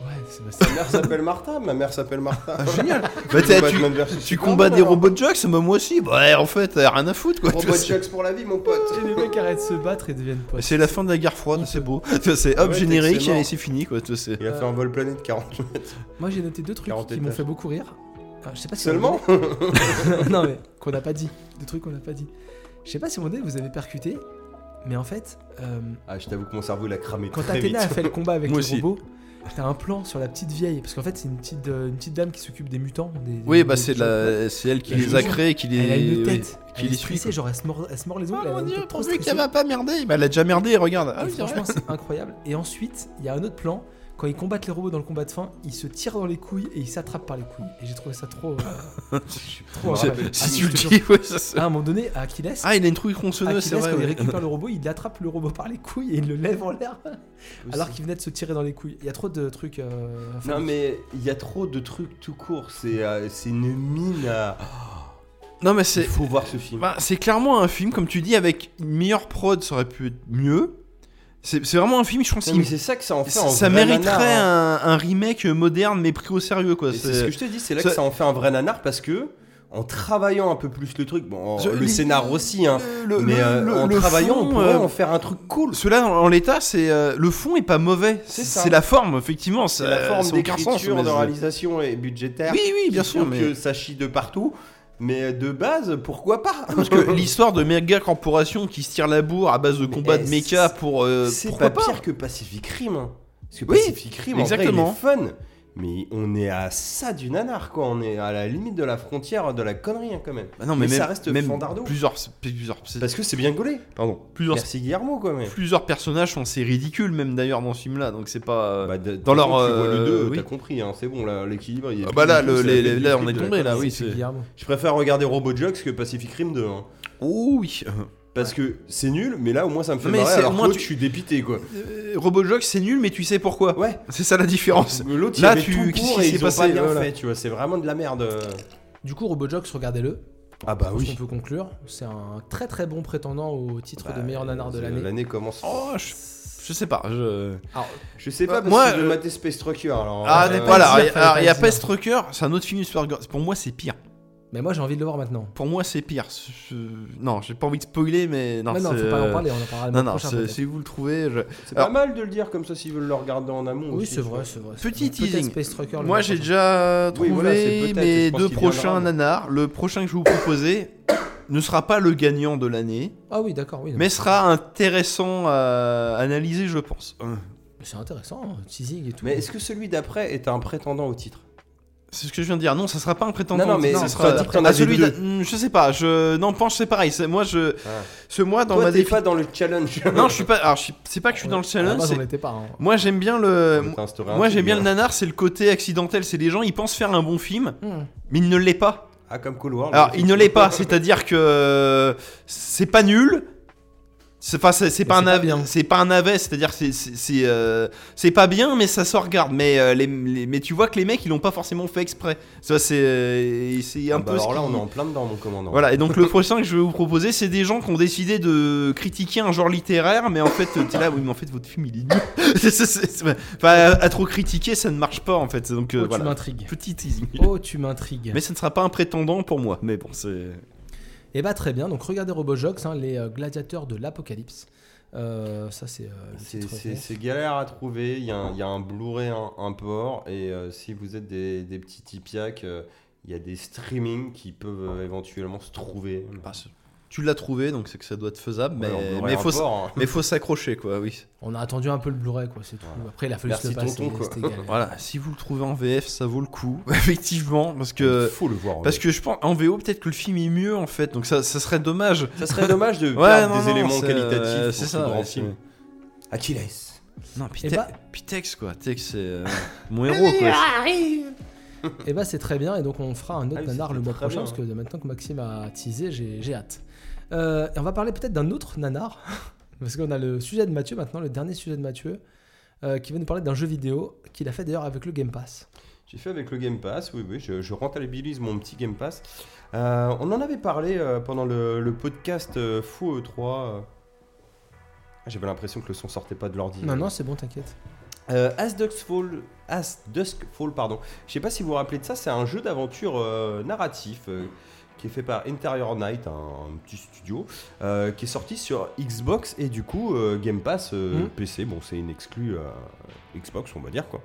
Speaker 2: Ouais, Sébastien.
Speaker 1: Ma mère s'appelle Martha. Ma mère s'appelle Martha.
Speaker 3: Génial Bah, t'es- tu,
Speaker 1: Batman versus
Speaker 3: tu
Speaker 1: Superman,
Speaker 3: combats des
Speaker 1: alors.
Speaker 3: robots de jocks Bah, moi aussi. Bah, ouais, en fait, t'as rien à foutre quoi. tu vois,
Speaker 1: Robot
Speaker 3: c'est-
Speaker 1: Chucks pour la vie, mon pote.
Speaker 2: Et les mecs arrêtent de se battre et deviennent potes.
Speaker 3: C'est la fin de la guerre froide, c'est beau. Tu vois, C'est
Speaker 1: Ah
Speaker 3: hop,
Speaker 1: ouais,
Speaker 3: générique
Speaker 1: excellent.
Speaker 3: et c'est fini quoi. tu vois, c'est-
Speaker 1: Il a fait un vol planète 40 mètres.
Speaker 2: Moi j'ai noté deux trucs
Speaker 1: 40
Speaker 2: qui m'ont
Speaker 1: étages.
Speaker 2: fait beaucoup rire. Ah, je sais pas si on l'a
Speaker 1: Seulement
Speaker 2: non mais qu'on n'a pas dit, des trucs qu'on n'a pas dit. Je sais pas si mon dé vous avez percuté, mais en fait, euh,
Speaker 1: Ah, je t'avoue que mon cerveau il a cramé
Speaker 2: quand
Speaker 1: très
Speaker 2: Athéna a
Speaker 1: vite.
Speaker 2: fait le combat avec le
Speaker 3: Moi aussi.
Speaker 2: robot, t'as un plan sur la petite vieille, parce qu'en fait c'est une petite, euh, une petite dame qui s'occupe des mutants. des-
Speaker 3: Oui,
Speaker 2: des-
Speaker 3: bah,
Speaker 2: des
Speaker 3: c'est
Speaker 2: gens.
Speaker 3: la- c'est elle qui
Speaker 2: Elle
Speaker 3: les a
Speaker 2: joue.
Speaker 3: créés, qui les.
Speaker 2: Elle a une
Speaker 3: oui,
Speaker 2: tête,
Speaker 3: Qui
Speaker 2: elle
Speaker 3: les
Speaker 2: est
Speaker 3: suit.
Speaker 2: stressée, genre elle se mord, elle se mord les ongles.
Speaker 3: Oh
Speaker 2: elle a
Speaker 3: mon
Speaker 2: une
Speaker 3: dieu,
Speaker 2: tête trop
Speaker 3: pourvu
Speaker 2: stressée.
Speaker 3: qu'elle va pas merder. Bah, elle a déjà merdé, regarde. Ah,
Speaker 2: Et
Speaker 3: oui, c'est vrai.
Speaker 2: franchement c'est incroyable. Et ensuite, il y a un autre plan quand ils combattent les robots dans le combat de fin, ils se tirent dans les couilles et ils s'attrapent par les couilles. Et j'ai trouvé ça trop. euh, trop
Speaker 3: C'est-
Speaker 2: incroyable.
Speaker 3: Si
Speaker 2: Ah,
Speaker 3: tu
Speaker 2: je
Speaker 3: le
Speaker 2: te jure.
Speaker 3: dis, ouais, ça se-
Speaker 2: À un moment donné, à Aquiles,
Speaker 3: Ah, il a une trouille tronçonneuse,
Speaker 2: Aquiles,
Speaker 3: c'est vrai.
Speaker 2: quand il
Speaker 3: ouais.
Speaker 2: récupère le robot, il attrape le robot par les couilles et il le lève en l'air alors qu'il venait de se tirer dans les couilles. Il y a trop de trucs. euh,
Speaker 1: Non
Speaker 2: fabriqués.
Speaker 1: mais il y a trop de trucs tout court, c'est euh, c'est une mine à...
Speaker 3: Non, mais
Speaker 1: Il
Speaker 3: c'est.
Speaker 1: faut voir ce film.
Speaker 3: Bah, c'est clairement un film, comme tu dis, avec une meilleure prod, ça aurait pu être mieux. C'est c'est vraiment un film, je pense,
Speaker 1: Non,
Speaker 3: qu'il-
Speaker 1: mais c'est ça que ça en fait
Speaker 3: ça,
Speaker 1: un
Speaker 3: ça
Speaker 1: vrai
Speaker 3: mériterait
Speaker 1: nanar, hein.
Speaker 3: un, un remake moderne mais pris au sérieux, quoi.
Speaker 1: Et
Speaker 3: C'est-
Speaker 1: C'est ce que je te dis, c'est là
Speaker 3: ça-
Speaker 1: que ça en fait un vrai nanar parce que en travaillant un peu plus le truc, bon, en-
Speaker 3: Je-
Speaker 1: le
Speaker 3: les-
Speaker 1: scénar aussi, hein,
Speaker 3: Le- le-
Speaker 1: mais euh,
Speaker 3: le-
Speaker 1: en
Speaker 3: le
Speaker 1: travaillant,
Speaker 3: fond,
Speaker 1: on pourrait
Speaker 3: euh,
Speaker 1: en faire un truc cool.
Speaker 3: Cela, en en l'état, c'est euh, le fond est pas mauvais.
Speaker 1: C'est
Speaker 3: C'est
Speaker 1: ça.
Speaker 3: c'est la forme, effectivement.
Speaker 1: C'est la forme d'écriture, de
Speaker 3: réalisation.
Speaker 1: réalisation et budgétaire.
Speaker 3: Oui, oui, bien
Speaker 1: qui
Speaker 3: sûr.
Speaker 1: font
Speaker 3: Mais...
Speaker 1: que ça chie de partout. Mais de base, pourquoi pas
Speaker 3: Parce que l'histoire de méga corporation qui se tire la bourre à base de
Speaker 1: Mais,
Speaker 3: combats de
Speaker 1: eh,
Speaker 3: méca
Speaker 1: c'est-
Speaker 3: pour. euh,
Speaker 1: c'est
Speaker 3: pourquoi
Speaker 1: pas
Speaker 3: pas
Speaker 1: pire que Pacific Rim. hein. Parce que
Speaker 3: Oui,
Speaker 1: Pacific Rim, en vrai, il
Speaker 3: exactement.
Speaker 1: est fun. Mais on est à ça du nanar, quoi. On est à la limite de la frontière de la connerie, hein, quand même.
Speaker 3: Bah non,
Speaker 1: Mais ça reste fandardo.
Speaker 3: Plusieurs, plusieurs,
Speaker 1: Parce que c'est bien gaulé.
Speaker 3: pardon, plusieurs,
Speaker 1: Merci Guillermo, quoi. Mais...
Speaker 3: plusieurs personnages sont assez ridicules, même d'ailleurs, dans ce film-là. Donc c'est pas. euh,
Speaker 1: Bah, de-
Speaker 3: dans
Speaker 1: de toute
Speaker 3: leur,
Speaker 1: façon, tu vois
Speaker 3: euh,
Speaker 1: le 2,
Speaker 3: oui.
Speaker 1: t'as compris, hein, c'est bon, là, l'équilibre. il est
Speaker 3: Ah bah là,
Speaker 1: plus du
Speaker 3: le-
Speaker 1: tout,
Speaker 3: les-
Speaker 1: c'est la
Speaker 3: les- là,
Speaker 1: tête
Speaker 3: on
Speaker 1: du
Speaker 3: est
Speaker 1: truc de la
Speaker 3: tombé, là,
Speaker 1: connerie.
Speaker 3: oui.
Speaker 2: C'est
Speaker 3: c'est-
Speaker 2: Guillermo.
Speaker 1: Je préfère regarder Robo Jocks que Pacific Rim 2. hein.
Speaker 3: Oh oui.
Speaker 1: Parce que c'est nul, mais là, au moins, ça me fait
Speaker 3: Non, mais
Speaker 1: marrer.
Speaker 3: c'est-
Speaker 1: Alors
Speaker 3: au
Speaker 1: que
Speaker 3: moins,
Speaker 1: l'autre,
Speaker 3: tu-
Speaker 1: je suis dépité, quoi.
Speaker 3: Euh, Robojog, c'est nul, mais tu sais pourquoi.
Speaker 1: Ouais.
Speaker 3: C'est ça la différence.
Speaker 1: L'autre,
Speaker 3: Là,
Speaker 1: là,
Speaker 3: tu-
Speaker 1: tu
Speaker 3: qu'est-ce
Speaker 1: court
Speaker 3: qui s'est
Speaker 1: et ils ont
Speaker 3: passé,
Speaker 1: pas bien
Speaker 3: voilà.
Speaker 1: fait, tu vois. C'est vraiment de la merde. euh.
Speaker 2: Du coup, Robojox, regardez-le.
Speaker 1: Ah bah
Speaker 2: Je pense qu'on peut conclure. C'est un très très bon prétendant au
Speaker 3: Bah,
Speaker 2: titre de meilleur nanar de l'année.
Speaker 1: L'année commence.
Speaker 3: Oh, je, je sais pas. Je...
Speaker 2: Alors,
Speaker 1: Je sais pas, parce
Speaker 3: Moi,
Speaker 1: que je
Speaker 3: euh,
Speaker 1: maté Space Trucker. Alors,
Speaker 3: Ah,
Speaker 1: euh,
Speaker 2: fallait pas
Speaker 3: voilà.
Speaker 2: le dire,
Speaker 3: alors,
Speaker 2: fallait
Speaker 3: alors,
Speaker 2: pas
Speaker 3: il y a
Speaker 2: le dire.
Speaker 3: Pest Trucker, c'est un autre film Supergirl. Pour moi, c'est pire.
Speaker 2: mais moi, j'ai envie de le voir maintenant.
Speaker 3: Pour moi, c'est pire. Ce- ce- Non, j'ai pas envie de spoiler, mais non,
Speaker 2: Non, non,
Speaker 3: c'est- euh,
Speaker 2: faut pas en parler, on en parlera le
Speaker 3: Non,
Speaker 2: mois
Speaker 3: non,
Speaker 2: prochain.
Speaker 3: c'est-
Speaker 2: peut-être.
Speaker 3: si vous le trouvez, je-
Speaker 1: C'est
Speaker 3: alors-
Speaker 1: pas mal de le dire comme ça s'ils veulent le regarder en amont.
Speaker 2: Oui,
Speaker 1: aussi,
Speaker 2: c'est
Speaker 1: tu
Speaker 2: vrai,
Speaker 1: vois.
Speaker 2: c'est vrai.
Speaker 3: Petit
Speaker 2: Peut-être
Speaker 3: teasing.
Speaker 2: Space Trucker, le
Speaker 3: moi
Speaker 2: mois
Speaker 3: j'ai
Speaker 2: prochain.
Speaker 3: déjà
Speaker 1: Oui,
Speaker 3: trouvé
Speaker 1: voilà, c'est peut-être,
Speaker 3: mes
Speaker 1: je pense
Speaker 3: deux
Speaker 1: qu'il viendra,
Speaker 3: prochains
Speaker 1: mais-
Speaker 3: nanars. Le prochain que je vais vous proposer ne sera pas le gagnant de l'année,
Speaker 2: Ah oui, d'accord, oui. non,
Speaker 3: mais sera intéressant à analyser, je pense. Euh,
Speaker 2: C'est intéressant, hein, teasing et tout.
Speaker 1: Mais est-ce que celui d'après est un prétendant au titre
Speaker 3: C'est ce que je viens de dire. Non, ça sera pas un prétendant.
Speaker 1: Non, non, mais
Speaker 3: ça
Speaker 1: non,
Speaker 3: sera
Speaker 1: toi, t'en as
Speaker 3: Ah, celui
Speaker 1: deux.
Speaker 3: d'a- Hmm, Je sais pas. Je non, penche c'est pareil. C'est- Moi, je
Speaker 1: Ah.
Speaker 3: ce mois dans
Speaker 1: Toi,
Speaker 3: ma Euh,
Speaker 1: t'es
Speaker 3: défi.
Speaker 1: pas dans le challenge.
Speaker 3: Non, je suis pas. Alors, je suis- c'est pas que je suis dans le
Speaker 2: À la
Speaker 3: challenge.
Speaker 2: base, on
Speaker 3: c'est-
Speaker 2: n'était pas. hein.
Speaker 3: Moi, j'aime bien le.
Speaker 1: On t'a instauré un
Speaker 3: Moi,
Speaker 1: truc,
Speaker 3: j'aime bien
Speaker 1: hein.
Speaker 3: le nanar. C'est le côté accidentel. C'est les gens, ils pensent faire un bon film,
Speaker 2: Hmm.
Speaker 3: mais ils ne l'est pas.
Speaker 1: Ah, comme couloir.
Speaker 3: Alors, il ne l'est pas, c'est-à-dire que c'est pas nul. C'est enfin, c'est- c'est
Speaker 2: Mais
Speaker 3: pas,
Speaker 2: c'est
Speaker 3: un
Speaker 2: pas
Speaker 3: avis,
Speaker 2: bien.
Speaker 3: c'est pas un avet, c'est-à-dire c'est c'est- c'est euh, c'est pas bien, mais ça se regarde. Mais euh, les, les- mais tu vois que les mecs ils l'ont pas forcément fait exprès. Ça c'est euh, c'est un
Speaker 1: Ah bah
Speaker 3: peu. ce
Speaker 1: alors là,
Speaker 3: qui-
Speaker 1: on est en plein dedans, mon commandant.
Speaker 3: Voilà. Et donc le prochain que je vais vous proposer, c'est des gens qui ont décidé de critiquer un genre littéraire, mais en fait euh, t'es là, oui, mais en fait votre film il est nul. C'est- c'est- c'est- enfin, à, à trop critiquer, ça ne marche pas en fait. Donc euh,
Speaker 2: Oh, tu
Speaker 3: voilà.
Speaker 2: m'intrigues.
Speaker 3: Petit teasing.
Speaker 2: Oh, tu m'intrigues.
Speaker 3: Mais ça ne sera pas un prétendant pour moi. Mais bon, c'est.
Speaker 2: Et bah très bien, donc regardez Robojox, hein, les euh, gladiateurs de l'apocalypse. Euh, ça c'est euh, le
Speaker 1: C'est-
Speaker 2: titre.
Speaker 1: C'est c'est galère à trouver. Il y a un, il y a un Blu-ray, un, un port. Et euh, si vous êtes des, des petits tipiacs, euh, il y a des streamings qui peuvent euh, éventuellement se trouver.
Speaker 3: Bah, c'est- tu l'as trouvé, donc c'est que ça doit être faisable, mais,
Speaker 1: Ouais, en Blu-ray,
Speaker 3: mais,
Speaker 1: un
Speaker 3: faut, s-
Speaker 1: port, hein.
Speaker 3: mais faut s'accrocher, quoi, oui.
Speaker 2: On a attendu un peu le Blu-ray quoi, c'est tout.
Speaker 1: Voilà.
Speaker 2: Après il a fallu se
Speaker 1: Merci,
Speaker 2: le passer,
Speaker 1: tonton, quoi.
Speaker 2: c'était galère.
Speaker 3: Voilà, si vous le trouvez en VF, ça vaut le coup, effectivement, parce que...
Speaker 1: Il faut le voir. en
Speaker 3: Parce que je pense, en VO, peut-être que le film est mieux, en fait, donc ça, ça serait dommage.
Speaker 1: Ça serait dommage de
Speaker 3: Ouais,
Speaker 1: perdre
Speaker 3: non,
Speaker 1: des
Speaker 3: non,
Speaker 1: éléments
Speaker 3: c'est,
Speaker 1: qualitatifs
Speaker 3: euh,
Speaker 1: pour
Speaker 3: c'est
Speaker 1: ce
Speaker 3: ça,
Speaker 1: grand
Speaker 3: ouais,
Speaker 1: film. Achilles.
Speaker 3: Non,
Speaker 2: Eh
Speaker 3: Pitex,
Speaker 2: bah-
Speaker 3: Pitex, quoi, Pitex, c'est euh, mon héros, quoi.
Speaker 2: Et bah c'est très bien, et donc on fera un autre
Speaker 1: Ah oui,
Speaker 2: nanar le
Speaker 1: c'était
Speaker 2: mois
Speaker 1: très
Speaker 2: prochain,
Speaker 1: bien,
Speaker 2: parce
Speaker 1: hein.
Speaker 2: que maintenant que Maxime a teasé, j'ai j'ai hâte. Euh, et on va parler peut-être d'un autre nanar, parce qu'on a le sujet de Mathieu maintenant, le dernier sujet de Mathieu, euh, qui va nous parler d'un jeu vidéo qu'il a fait d'ailleurs avec le Game Pass.
Speaker 1: J'ai fait avec le Game Pass, oui, oui, je, je rentabilise mon petit Game Pass. Euh, on en avait parlé euh, pendant le, le podcast euh, Fou E3. euh. Ah, J'avais l'impression que le son sortait pas de l'ordi.
Speaker 2: Non, non, c'est bon, t'inquiète.
Speaker 1: Euh, As Dusk Fall, As Dusk Fall, pardon. Je sais pas si vous vous rappelez de ça, c'est un jeu d'aventure euh, narratif euh, qui est fait par Interior Night, un, un petit studio, euh, qui est sorti sur Xbox et du coup euh, Game Pass euh,
Speaker 2: Mhm.
Speaker 1: PC. Bon, c'est une exclue euh, Xbox, on va dire quoi.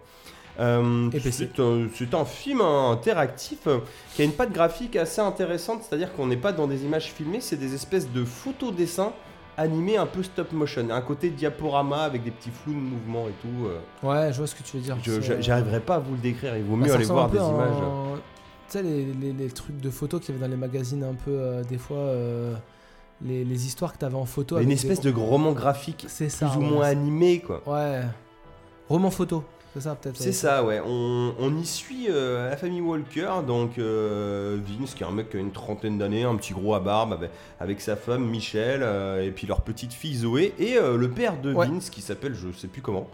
Speaker 1: Euh,
Speaker 2: Et PC.
Speaker 1: c'est un- C'est un film hein, interactif euh, qui a une patte graphique assez intéressante, c'est-à-dire qu'on n'est pas dans des images filmées, c'est des espèces de photos-dessins animés un peu stop motion, un côté diaporama avec des petits flous de mouvement et tout. euh.
Speaker 2: Ouais, je vois ce que tu veux dire.
Speaker 1: Je-
Speaker 2: c'est,
Speaker 1: je-
Speaker 2: euh,
Speaker 1: J'arriverai pas à vous le décrire, il vaut
Speaker 2: Bah,
Speaker 1: mieux
Speaker 2: ça
Speaker 1: aller
Speaker 2: ressemble
Speaker 1: voir
Speaker 2: un
Speaker 1: des
Speaker 2: peu à
Speaker 1: images.
Speaker 2: un- Tu sais, les, les- les trucs de photos qu'il y avait dans les magazines, un peu euh, des fois, euh, les, les histoires que t'avais en photo.
Speaker 1: Mais
Speaker 2: avec
Speaker 1: une
Speaker 2: des-
Speaker 1: espèce de roman graphique
Speaker 2: C'est ça.
Speaker 1: plus ou
Speaker 2: ouais.
Speaker 1: moins animé quoi.
Speaker 2: Ouais. Roman photo. C'est ça, peut-être.
Speaker 1: C'est ça, ouais. On, on y suit euh, la famille Walker, donc euh, Vince, qui est un mec qui a une trentaine d'années, un petit gros à barbe, avec, avec sa femme Michelle, euh, et puis leur petite fille Zoé, et euh, le père de
Speaker 2: Ouais.
Speaker 1: Vince, qui s'appelle je sais plus comment.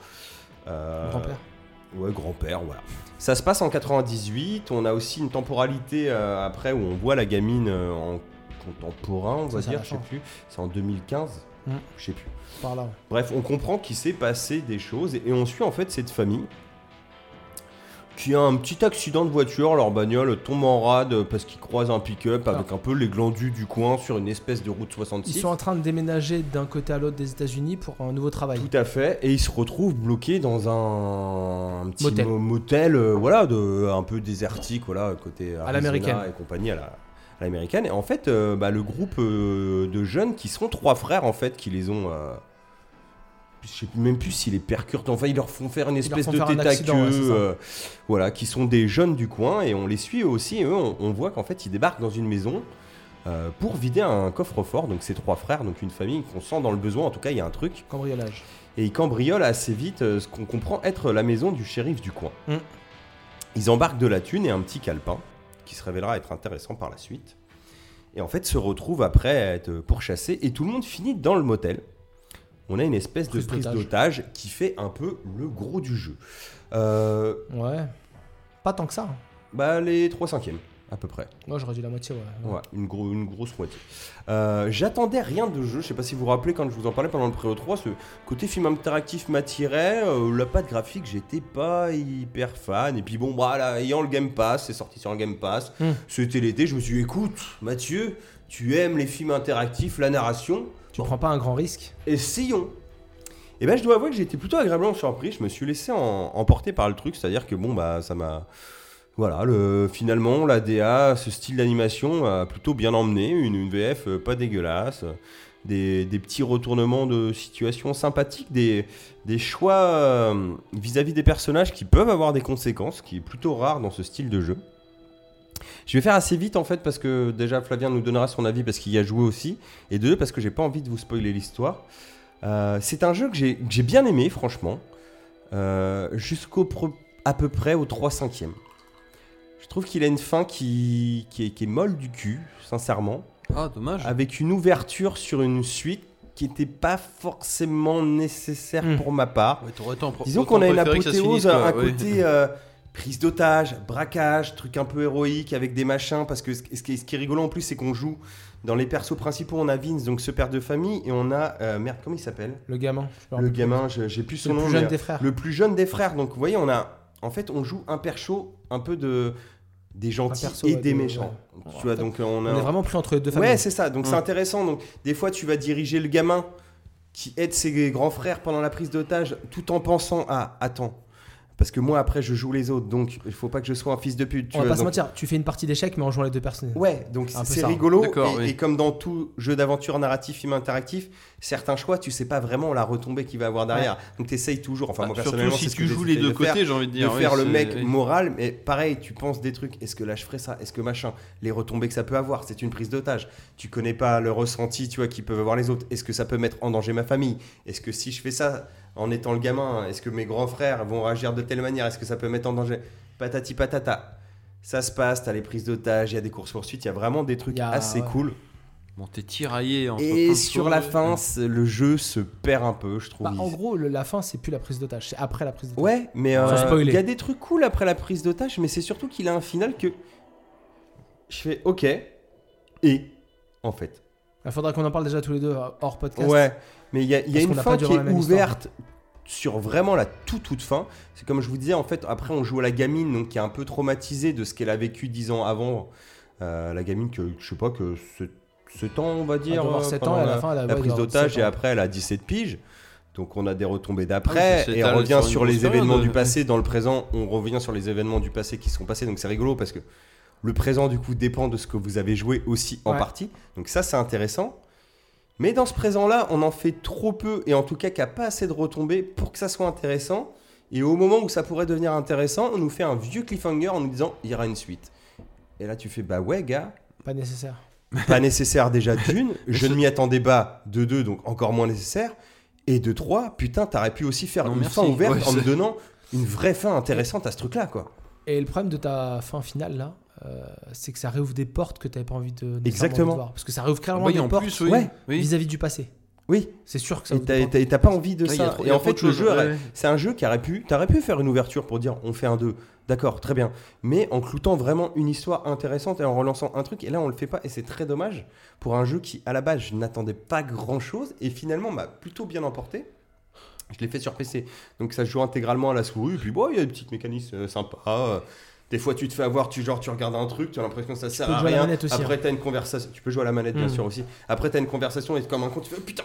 Speaker 1: Euh,
Speaker 2: Grand-père.
Speaker 1: Ouais, grand-père, voilà. Ça se passe en 98, on a aussi une temporalité euh, après où on voit la gamine euh, en contemporain, on va
Speaker 2: C'est ça,
Speaker 1: dire,
Speaker 2: la
Speaker 1: je sais
Speaker 2: fin.
Speaker 1: plus. C'est en 2015
Speaker 2: Mm.
Speaker 1: Je sais plus.
Speaker 2: Par là. ouais.
Speaker 1: Bref, on comprend qu'il s'est passé des choses et et on suit en fait cette famille qui a un petit accident de voiture, leur bagnole tombe en rade parce qu'ils croisent un pick-up avec un peu les glandus du coin sur une espèce de route
Speaker 2: Ils
Speaker 1: 66.
Speaker 2: sont en train de déménager d'un côté à l'autre des États-Unis pour un nouveau travail.
Speaker 1: Tout à fait, et ils se retrouvent bloqués dans un, un petit
Speaker 2: Motel.
Speaker 1: mo- motel, euh, voilà, de, un peu désertique, voilà, côté Arizona
Speaker 2: l'américaine.
Speaker 1: et compagnie à la- à l'américaine. Et en fait, euh, bah, le groupe euh, de jeunes qui sont trois frères en fait, qui les ont, euh, je sais même plus s'ils les percutent, enfin ils leur font faire une
Speaker 2: Ils leur
Speaker 1: espèce
Speaker 2: font
Speaker 1: de
Speaker 2: faire un
Speaker 1: tête à queue,
Speaker 2: accident, ouais, c'est ça.
Speaker 1: euh, voilà, qui sont des jeunes du coin et on les suit eux aussi. Et eux, on, on voit qu'en fait ils débarquent dans une maison. euh, pour vider un coffre-fort, donc ces trois frères, donc une famille qu'on sent dans le besoin, en tout cas il y a un truc.
Speaker 2: Cambriolage.
Speaker 1: Et ils cambriolent assez vite euh, ce qu'on comprend être la maison du shérif du coin.
Speaker 2: Mm.
Speaker 1: Ils embarquent de la thune et un petit calepin, qui se révélera être intéressant par la suite. Et en fait, se retrouvent après à être pourchassés et tout le monde finit dans le motel. On a une espèce
Speaker 2: Prise
Speaker 1: de prise
Speaker 2: d'otage.
Speaker 1: d'otage qui fait un peu le gros du jeu. Euh,
Speaker 2: Ouais. Pas tant que ça. hein.
Speaker 1: bah, les 3 cinquièmes, à peu près.
Speaker 2: Moi, j'aurais dit la moitié, ouais.
Speaker 1: Ouais, une, gro- une grosse moitié. Euh, J'attendais rien de jeu, je sais pas si vous vous rappelez quand je vous en parlais pendant le pré 3, ce côté film interactif m'attirait, euh, la patte graphique j'étais pas hyper fan, et puis bon bah là, ayant le Game Pass, c'est sorti sur le Game Pass,
Speaker 2: Hmm.
Speaker 1: c'était l'été, je me suis dit écoute Mathieu, tu aimes les films interactifs, la narration,
Speaker 2: Tu prends pas un grand risque.
Speaker 1: essayons et ben je dois avouer que j'ai été plutôt agréablement surpris, je me suis laissé en- emporter par le truc, c'est-à-dire que bon bah ça m'a voilà, le, finalement la DA, ce style d'animation a plutôt bien emmené, une, une VF euh, pas dégueulasse, euh, des, des petits retournements de situation sympathiques, des, des choix euh, vis-à-vis des personnages qui peuvent avoir des conséquences, qui est plutôt rare dans ce style de jeu. Je vais faire assez vite en fait parce que déjà Flavien nous donnera son avis parce qu'il y a joué aussi, et de deux parce que j'ai pas envie de vous spoiler l'histoire. Euh, c'est un jeu que j'ai que j'ai bien aimé, franchement, euh, jusqu'au pro- à peu près au 3 5 Je trouve qu'il a une fin qui, qui, est, qui est molle du cul, sincèrement,
Speaker 8: Ah, dommage.
Speaker 1: avec une ouverture sur une suite qui n'était pas forcément nécessaire
Speaker 2: Mm.
Speaker 1: pour ma part.
Speaker 8: Ouais, t'aurais autant pr-
Speaker 1: Disons
Speaker 8: Hmm. autant
Speaker 1: qu'on a une
Speaker 8: préféré que ça se finisse,
Speaker 1: apothéose,
Speaker 8: quoi,
Speaker 1: un
Speaker 8: ouais.
Speaker 1: côté euh, prise d'otage, braquage, truc un peu héroïque avec des machins, parce que ce, ce qui, est- ce qui est rigolo en plus, c'est qu'on joue dans les persos principaux, on a Vince, donc ce père de famille, et on a... euh, merde, comment il s'appelle
Speaker 2: Le gamin. je me
Speaker 1: le
Speaker 2: rappelle plus.
Speaker 1: gamin, je- j'ai plus
Speaker 2: C'est
Speaker 1: son
Speaker 2: le
Speaker 1: nom.
Speaker 2: plus jeune
Speaker 1: mais-
Speaker 2: des frères.
Speaker 1: Le plus jeune des frères. Donc vous voyez, on a, en fait, on joue un percho, un peu de des gentils
Speaker 2: Un perso,
Speaker 1: et
Speaker 2: ouais,
Speaker 1: des
Speaker 2: de-
Speaker 1: méchants.
Speaker 2: ouais.
Speaker 1: Tu vois, donc euh, on a.
Speaker 2: On est vraiment plus entre les deux familles.
Speaker 1: ouais, c'est ça. Donc c'est intéressant. Donc des fois, tu vas diriger le gamin qui aide ses grands frères pendant la prise d'otage, tout en pensant à attends. Parce que moi après je joue les autres, donc il faut pas que je sois un fils de pute. tu
Speaker 2: On va
Speaker 1: vois,
Speaker 2: pas se
Speaker 1: donc-
Speaker 2: mentir, tu fais une partie d'échecs, mais en jouant les deux personnes.
Speaker 1: Ouais, donc
Speaker 2: Un peu
Speaker 1: c'est
Speaker 2: ça. hein.
Speaker 1: rigolo. Et,
Speaker 8: D'accord, oui.
Speaker 1: et comme dans tout jeu d'aventure narratif, film interactif, certains choix, tu sais pas vraiment la retombée qu'il va avoir derrière. Donc t'essayes toujours. Enfin,
Speaker 8: Bah,
Speaker 1: moi
Speaker 8: surtout
Speaker 1: personnellement,
Speaker 8: si
Speaker 1: c'est ce
Speaker 8: tu
Speaker 1: que
Speaker 8: joues les deux
Speaker 1: j'essayais de faire,
Speaker 8: côtés, j'ai envie de
Speaker 1: de
Speaker 8: dire. ouais,
Speaker 1: faire le
Speaker 8: c'est-
Speaker 1: mec
Speaker 8: oui.
Speaker 1: moral, mais pareil, tu penses des trucs. Est-ce que là je ferais ça Est-ce que machin Les retombées que ça peut avoir, c'est une prise d'otage. Tu connais pas le ressenti, tu vois, qu'ils peuvent avoir les autres. Est-ce que ça peut mettre en danger ma famille Est-ce que si je fais ça en étant le gamin, est-ce que mes grands frères vont réagir de telle manière Est-ce que ça peut mettre en danger Patati patata. Ça se passe, t'as les prises d'otages, il y a des courses poursuites, il y a vraiment des trucs
Speaker 2: Il y a-
Speaker 1: assez
Speaker 2: ouais.
Speaker 1: cool.
Speaker 8: Bon, t'es tiraillé entre plein
Speaker 1: Et
Speaker 8: de
Speaker 1: sur
Speaker 8: choses.
Speaker 1: la fin, c'est- le jeu se perd un peu, je trouve.
Speaker 2: Bah, en
Speaker 1: Il-
Speaker 2: gros, le- la fin, c'est plus la prise d'otage, c'est après la prise d'otage.
Speaker 1: Ouais, mais
Speaker 2: Sans
Speaker 1: euh,
Speaker 2: spoiler.
Speaker 1: il y a des trucs cool après la prise d'otage, mais c'est surtout qu'il a un final que je fais OK et en fait.
Speaker 2: Il Bah, faudra qu'on en parle déjà tous les deux euh, hors podcast.
Speaker 1: Ouais, mais il y a, il y a
Speaker 2: Parce
Speaker 1: une
Speaker 2: qu'on a
Speaker 1: fin
Speaker 2: pas
Speaker 1: qui
Speaker 2: duré la
Speaker 1: est
Speaker 2: même histoire.
Speaker 1: ouverte sur vraiment la toute toute fin. C'est comme je vous disais, en fait, après on joue à la gamine, donc qui est un peu traumatisée de ce qu'elle a vécu dix ans avant. Euh, la gamine que je sais pas que ce, ce temps, on va
Speaker 2: Elle doit
Speaker 1: dire,
Speaker 2: avoir
Speaker 1: euh,
Speaker 2: 7 ans
Speaker 1: pendant
Speaker 2: et à
Speaker 1: la-
Speaker 2: la fin, elle a
Speaker 1: la
Speaker 2: ouais,
Speaker 1: prise
Speaker 2: elle doit avoir
Speaker 1: d'otage
Speaker 2: 17
Speaker 1: et
Speaker 2: ans.
Speaker 1: après elle a 17 piges. Donc on a des
Speaker 8: Ah
Speaker 1: retombées
Speaker 8: oui,
Speaker 1: d'après
Speaker 8: ça
Speaker 1: et
Speaker 8: s'étale
Speaker 1: on revient
Speaker 8: sur une
Speaker 1: sur les
Speaker 8: grosse période.
Speaker 1: événements du passé dans le présent, on revient sur les événements du passé qui sont passés. Donc c'est rigolo parce que le présent du coup dépend de ce que vous avez joué aussi en
Speaker 2: Ouais.
Speaker 1: partie. Donc ça c'est intéressant. Mais dans ce présent-là, on en fait trop peu et en tout cas qu'il n'y a pas assez de retombées pour que ça soit intéressant. Et au moment où ça pourrait devenir intéressant, on nous fait un vieux cliffhanger en nous disant il y aura une suite. Et là tu fais bah ouais gars,
Speaker 2: Pas nécessaire.
Speaker 1: pas nécessaire déjà d'une, je ne m'y attendais pas de deux, donc encore moins nécessaire, et de trois, putain, t'aurais pu aussi faire
Speaker 8: Non,
Speaker 1: une
Speaker 8: merci.
Speaker 1: fin ouverte
Speaker 8: Ouais,
Speaker 1: en me
Speaker 8: c'est-
Speaker 1: donnant une vraie fin intéressante à ce truc-là, quoi.
Speaker 2: Et le problème de ta fin finale là, euh, c'est que ça réouvre des portes que t'avais pas envie de. nécessairement
Speaker 1: Exactement.
Speaker 2: de voir. parce que ça réouvre clairement
Speaker 8: Oui,
Speaker 2: des
Speaker 8: en
Speaker 2: portes
Speaker 8: plus, oui.
Speaker 1: ouais,
Speaker 8: oui.
Speaker 2: vis-à-vis du passé.
Speaker 1: Oui,
Speaker 2: C'est sûr que ça.
Speaker 1: et
Speaker 2: ouvre des
Speaker 1: t'as-
Speaker 2: portes.
Speaker 1: t'as t'as pas envie de
Speaker 8: Là, il y a
Speaker 1: ça.
Speaker 8: trop- il
Speaker 1: Et
Speaker 8: y a
Speaker 1: en
Speaker 8: trop
Speaker 1: fait,
Speaker 8: de
Speaker 1: le
Speaker 8: choses,
Speaker 1: jeu,
Speaker 8: ouais.
Speaker 1: c'est un jeu qui aurait pu, t'aurais pu faire une ouverture pour dire on fait un 2, d'accord, très bien, mais en cloutant vraiment une histoire intéressante et en relançant un truc, et là on le fait pas, et c'est très dommage pour un jeu qui à la base je n'attendais pas grand chose et finalement m'a plutôt bien emporté. Je l'ai fait sur PC, donc ça se joue intégralement à la souris, et puis bon, il y a des petites mécanismes euh, sympas. euh, Des fois, tu te fais avoir, tu genre, tu regardes un truc, tu as l'impression que ça sert
Speaker 2: peux
Speaker 1: à
Speaker 2: jouer à la
Speaker 1: rien.
Speaker 2: manette aussi, hein.
Speaker 1: Après, t'as une conversation. Tu peux jouer à la manette, bien
Speaker 2: Mm.
Speaker 1: sûr aussi. Après, t'as une conversation et comme un con, tu fais putain,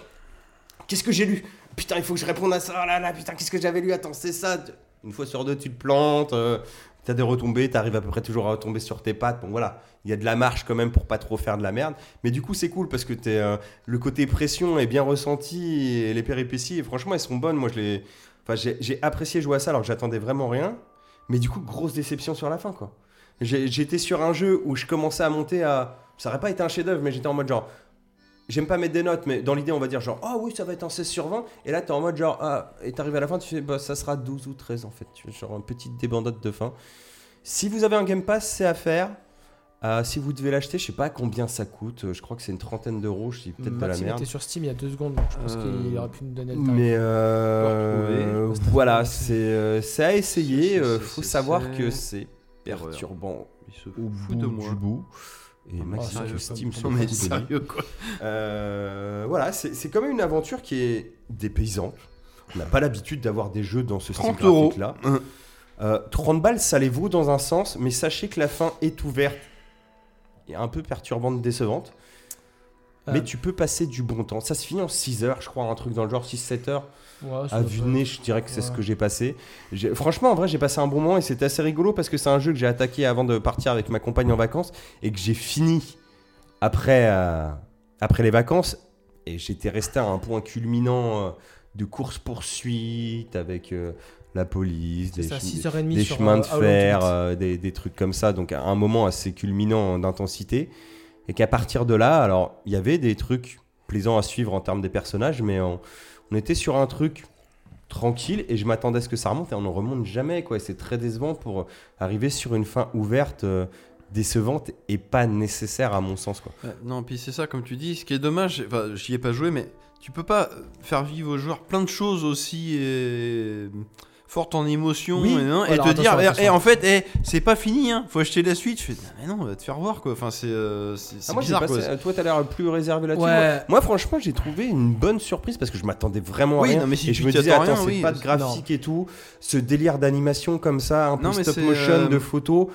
Speaker 1: qu'est-ce que j'ai lu Putain, il faut que je réponde à ça. Oh là là, putain, qu'est-ce que j'avais lu Attends, c'est ça. Une fois sur deux, tu te plantes. euh, T'as des retombées, t'arrives à peu près toujours à retomber sur tes pattes. Bon voilà, il y a de la marche quand même pour pas trop faire de la merde. Mais du coup, c'est cool parce que t'es, euh, le côté pression est bien ressenti et les péripéties, et franchement, elles sont bonnes. Moi, je les, enfin, j'ai, j'ai apprécié jouer à ça alors que j'attendais vraiment rien. Mais du coup, grosse déception sur la fin, quoi. J'ai- j'étais sur un jeu où je commençais à monter à, ça aurait pas été un chef-d'œuvre, mais j'étais en mode genre, j'aime pas mettre des notes, mais dans l'idée, on va dire genre, oh oui, ça va être un 16 sur 20. Et là, t'es en mode genre, ah, et t'arrives à la fin, tu fais, bah, ça sera 12 ou 13 en fait. Tu fais Genre, une petite débandade de fin. Si vous avez un Game Pass, c'est à faire. Euh, si vous devez l'acheter, je sais pas combien ça coûte. euh, Je crois que c'est une trentaine d'euros. Je dis peut-être de la
Speaker 2: Maxime
Speaker 1: merde.
Speaker 2: était sur Steam il y a deux secondes, donc je pense
Speaker 8: Euh,
Speaker 2: qu'il aurait pu nous donner le tarif.
Speaker 1: Mais euh,
Speaker 2: retrouver.
Speaker 1: voilà, c'est euh, c'est à essayer.
Speaker 8: C'est-
Speaker 1: euh,
Speaker 8: c'est-
Speaker 1: faut
Speaker 8: c'est-
Speaker 1: savoir
Speaker 8: c'est-
Speaker 1: que c'est
Speaker 8: Erreur.
Speaker 1: perturbant
Speaker 8: Il se
Speaker 1: au bout
Speaker 8: fout de moi.
Speaker 1: du bout. Et Maxime
Speaker 2: sérieux,
Speaker 1: sur
Speaker 2: pas-
Speaker 1: Steam
Speaker 2: pas-
Speaker 1: se
Speaker 2: pas-
Speaker 1: fout
Speaker 3: Mais
Speaker 1: de lui.
Speaker 3: sérieux quoi.
Speaker 1: Euh, voilà, c'est c'est quand même une aventure qui est dépaysante. On n'a pas l'habitude d'avoir des jeux dans ce style
Speaker 3: 30 euros.
Speaker 1: graphique-là. Euh, 30 balles, ça les vaut dans un sens, mais sachez que la fin est ouverte et un peu perturbante, décevante.
Speaker 2: Euh.
Speaker 1: Mais tu peux passer du bon temps. Ça se finit en 6 heures, je crois, un truc dans le genre 6-7 heures.
Speaker 2: Ouais, euh, ça
Speaker 1: À
Speaker 2: va
Speaker 1: vue
Speaker 2: pas.
Speaker 1: de nez, je dirais que c'est ce
Speaker 2: Ouais.
Speaker 1: que j'ai passé. J'ai- Franchement, en vrai, j'ai passé un bon moment et c'était assez rigolo parce que c'est un jeu que j'ai attaqué avant de partir avec ma compagne en vacances et que j'ai fini après, euh, après les vacances. Et j'étais resté à un point culminant euh, de course-poursuite avec euh, la police,
Speaker 2: C'est
Speaker 1: des,
Speaker 2: ça,
Speaker 1: chemi-
Speaker 2: 6h30
Speaker 1: des
Speaker 2: sur,
Speaker 1: chemins de
Speaker 2: euh, Howlong Ultimate.
Speaker 1: fer, euh, des, des trucs comme ça. Donc, à un moment assez culminant d'intensité. Et qu'à partir de là, alors, il y avait des trucs plaisants à suivre en termes des personnages, mais on, on était sur un truc tranquille et je m'attendais à ce que ça remonte et on ne remonte jamais. quoi. Et C'est très décevant pour arriver sur une fin ouverte, euh, décevante et pas nécessaire à mon sens. Quoi.
Speaker 8: Ouais, non, puis c'est ça, comme tu dis, ce qui est dommage, enfin, j'y ai pas joué, mais tu peux pas euh, faire vivre aux joueurs plein de choses aussi euh, fortes en émotion
Speaker 2: Oui.
Speaker 8: et, hein, et
Speaker 2: Alors,
Speaker 8: te dire,
Speaker 2: attention,
Speaker 8: eh,
Speaker 2: attention.
Speaker 8: eh, en fait, eh, c'est pas fini, hein, faut acheter la suite. Je fais, mais non, va te faire voir quoi. Enfin, c'est euh, c'est- c'est
Speaker 1: Ah, moi, j'ai
Speaker 8: bizarre quoi.
Speaker 1: passé- euh, toi, t'as l'air plus réservé là-dessus.
Speaker 2: Ouais.
Speaker 1: Moi, moi, franchement, j'ai trouvé une bonne surprise parce que je m'attendais vraiment à
Speaker 8: Oui,
Speaker 1: rien.
Speaker 8: non, mais si
Speaker 1: et
Speaker 8: tu
Speaker 1: je me
Speaker 8: t'y
Speaker 1: disais,
Speaker 8: attends
Speaker 1: attends,
Speaker 8: rien,
Speaker 1: c'est
Speaker 8: oui,
Speaker 1: pas de
Speaker 8: c'est-
Speaker 1: graphique et tout, ce délire d'animation comme ça, un peu
Speaker 8: Non, mais
Speaker 1: stop
Speaker 8: c'est,
Speaker 1: motion
Speaker 8: euh,
Speaker 1: de photos.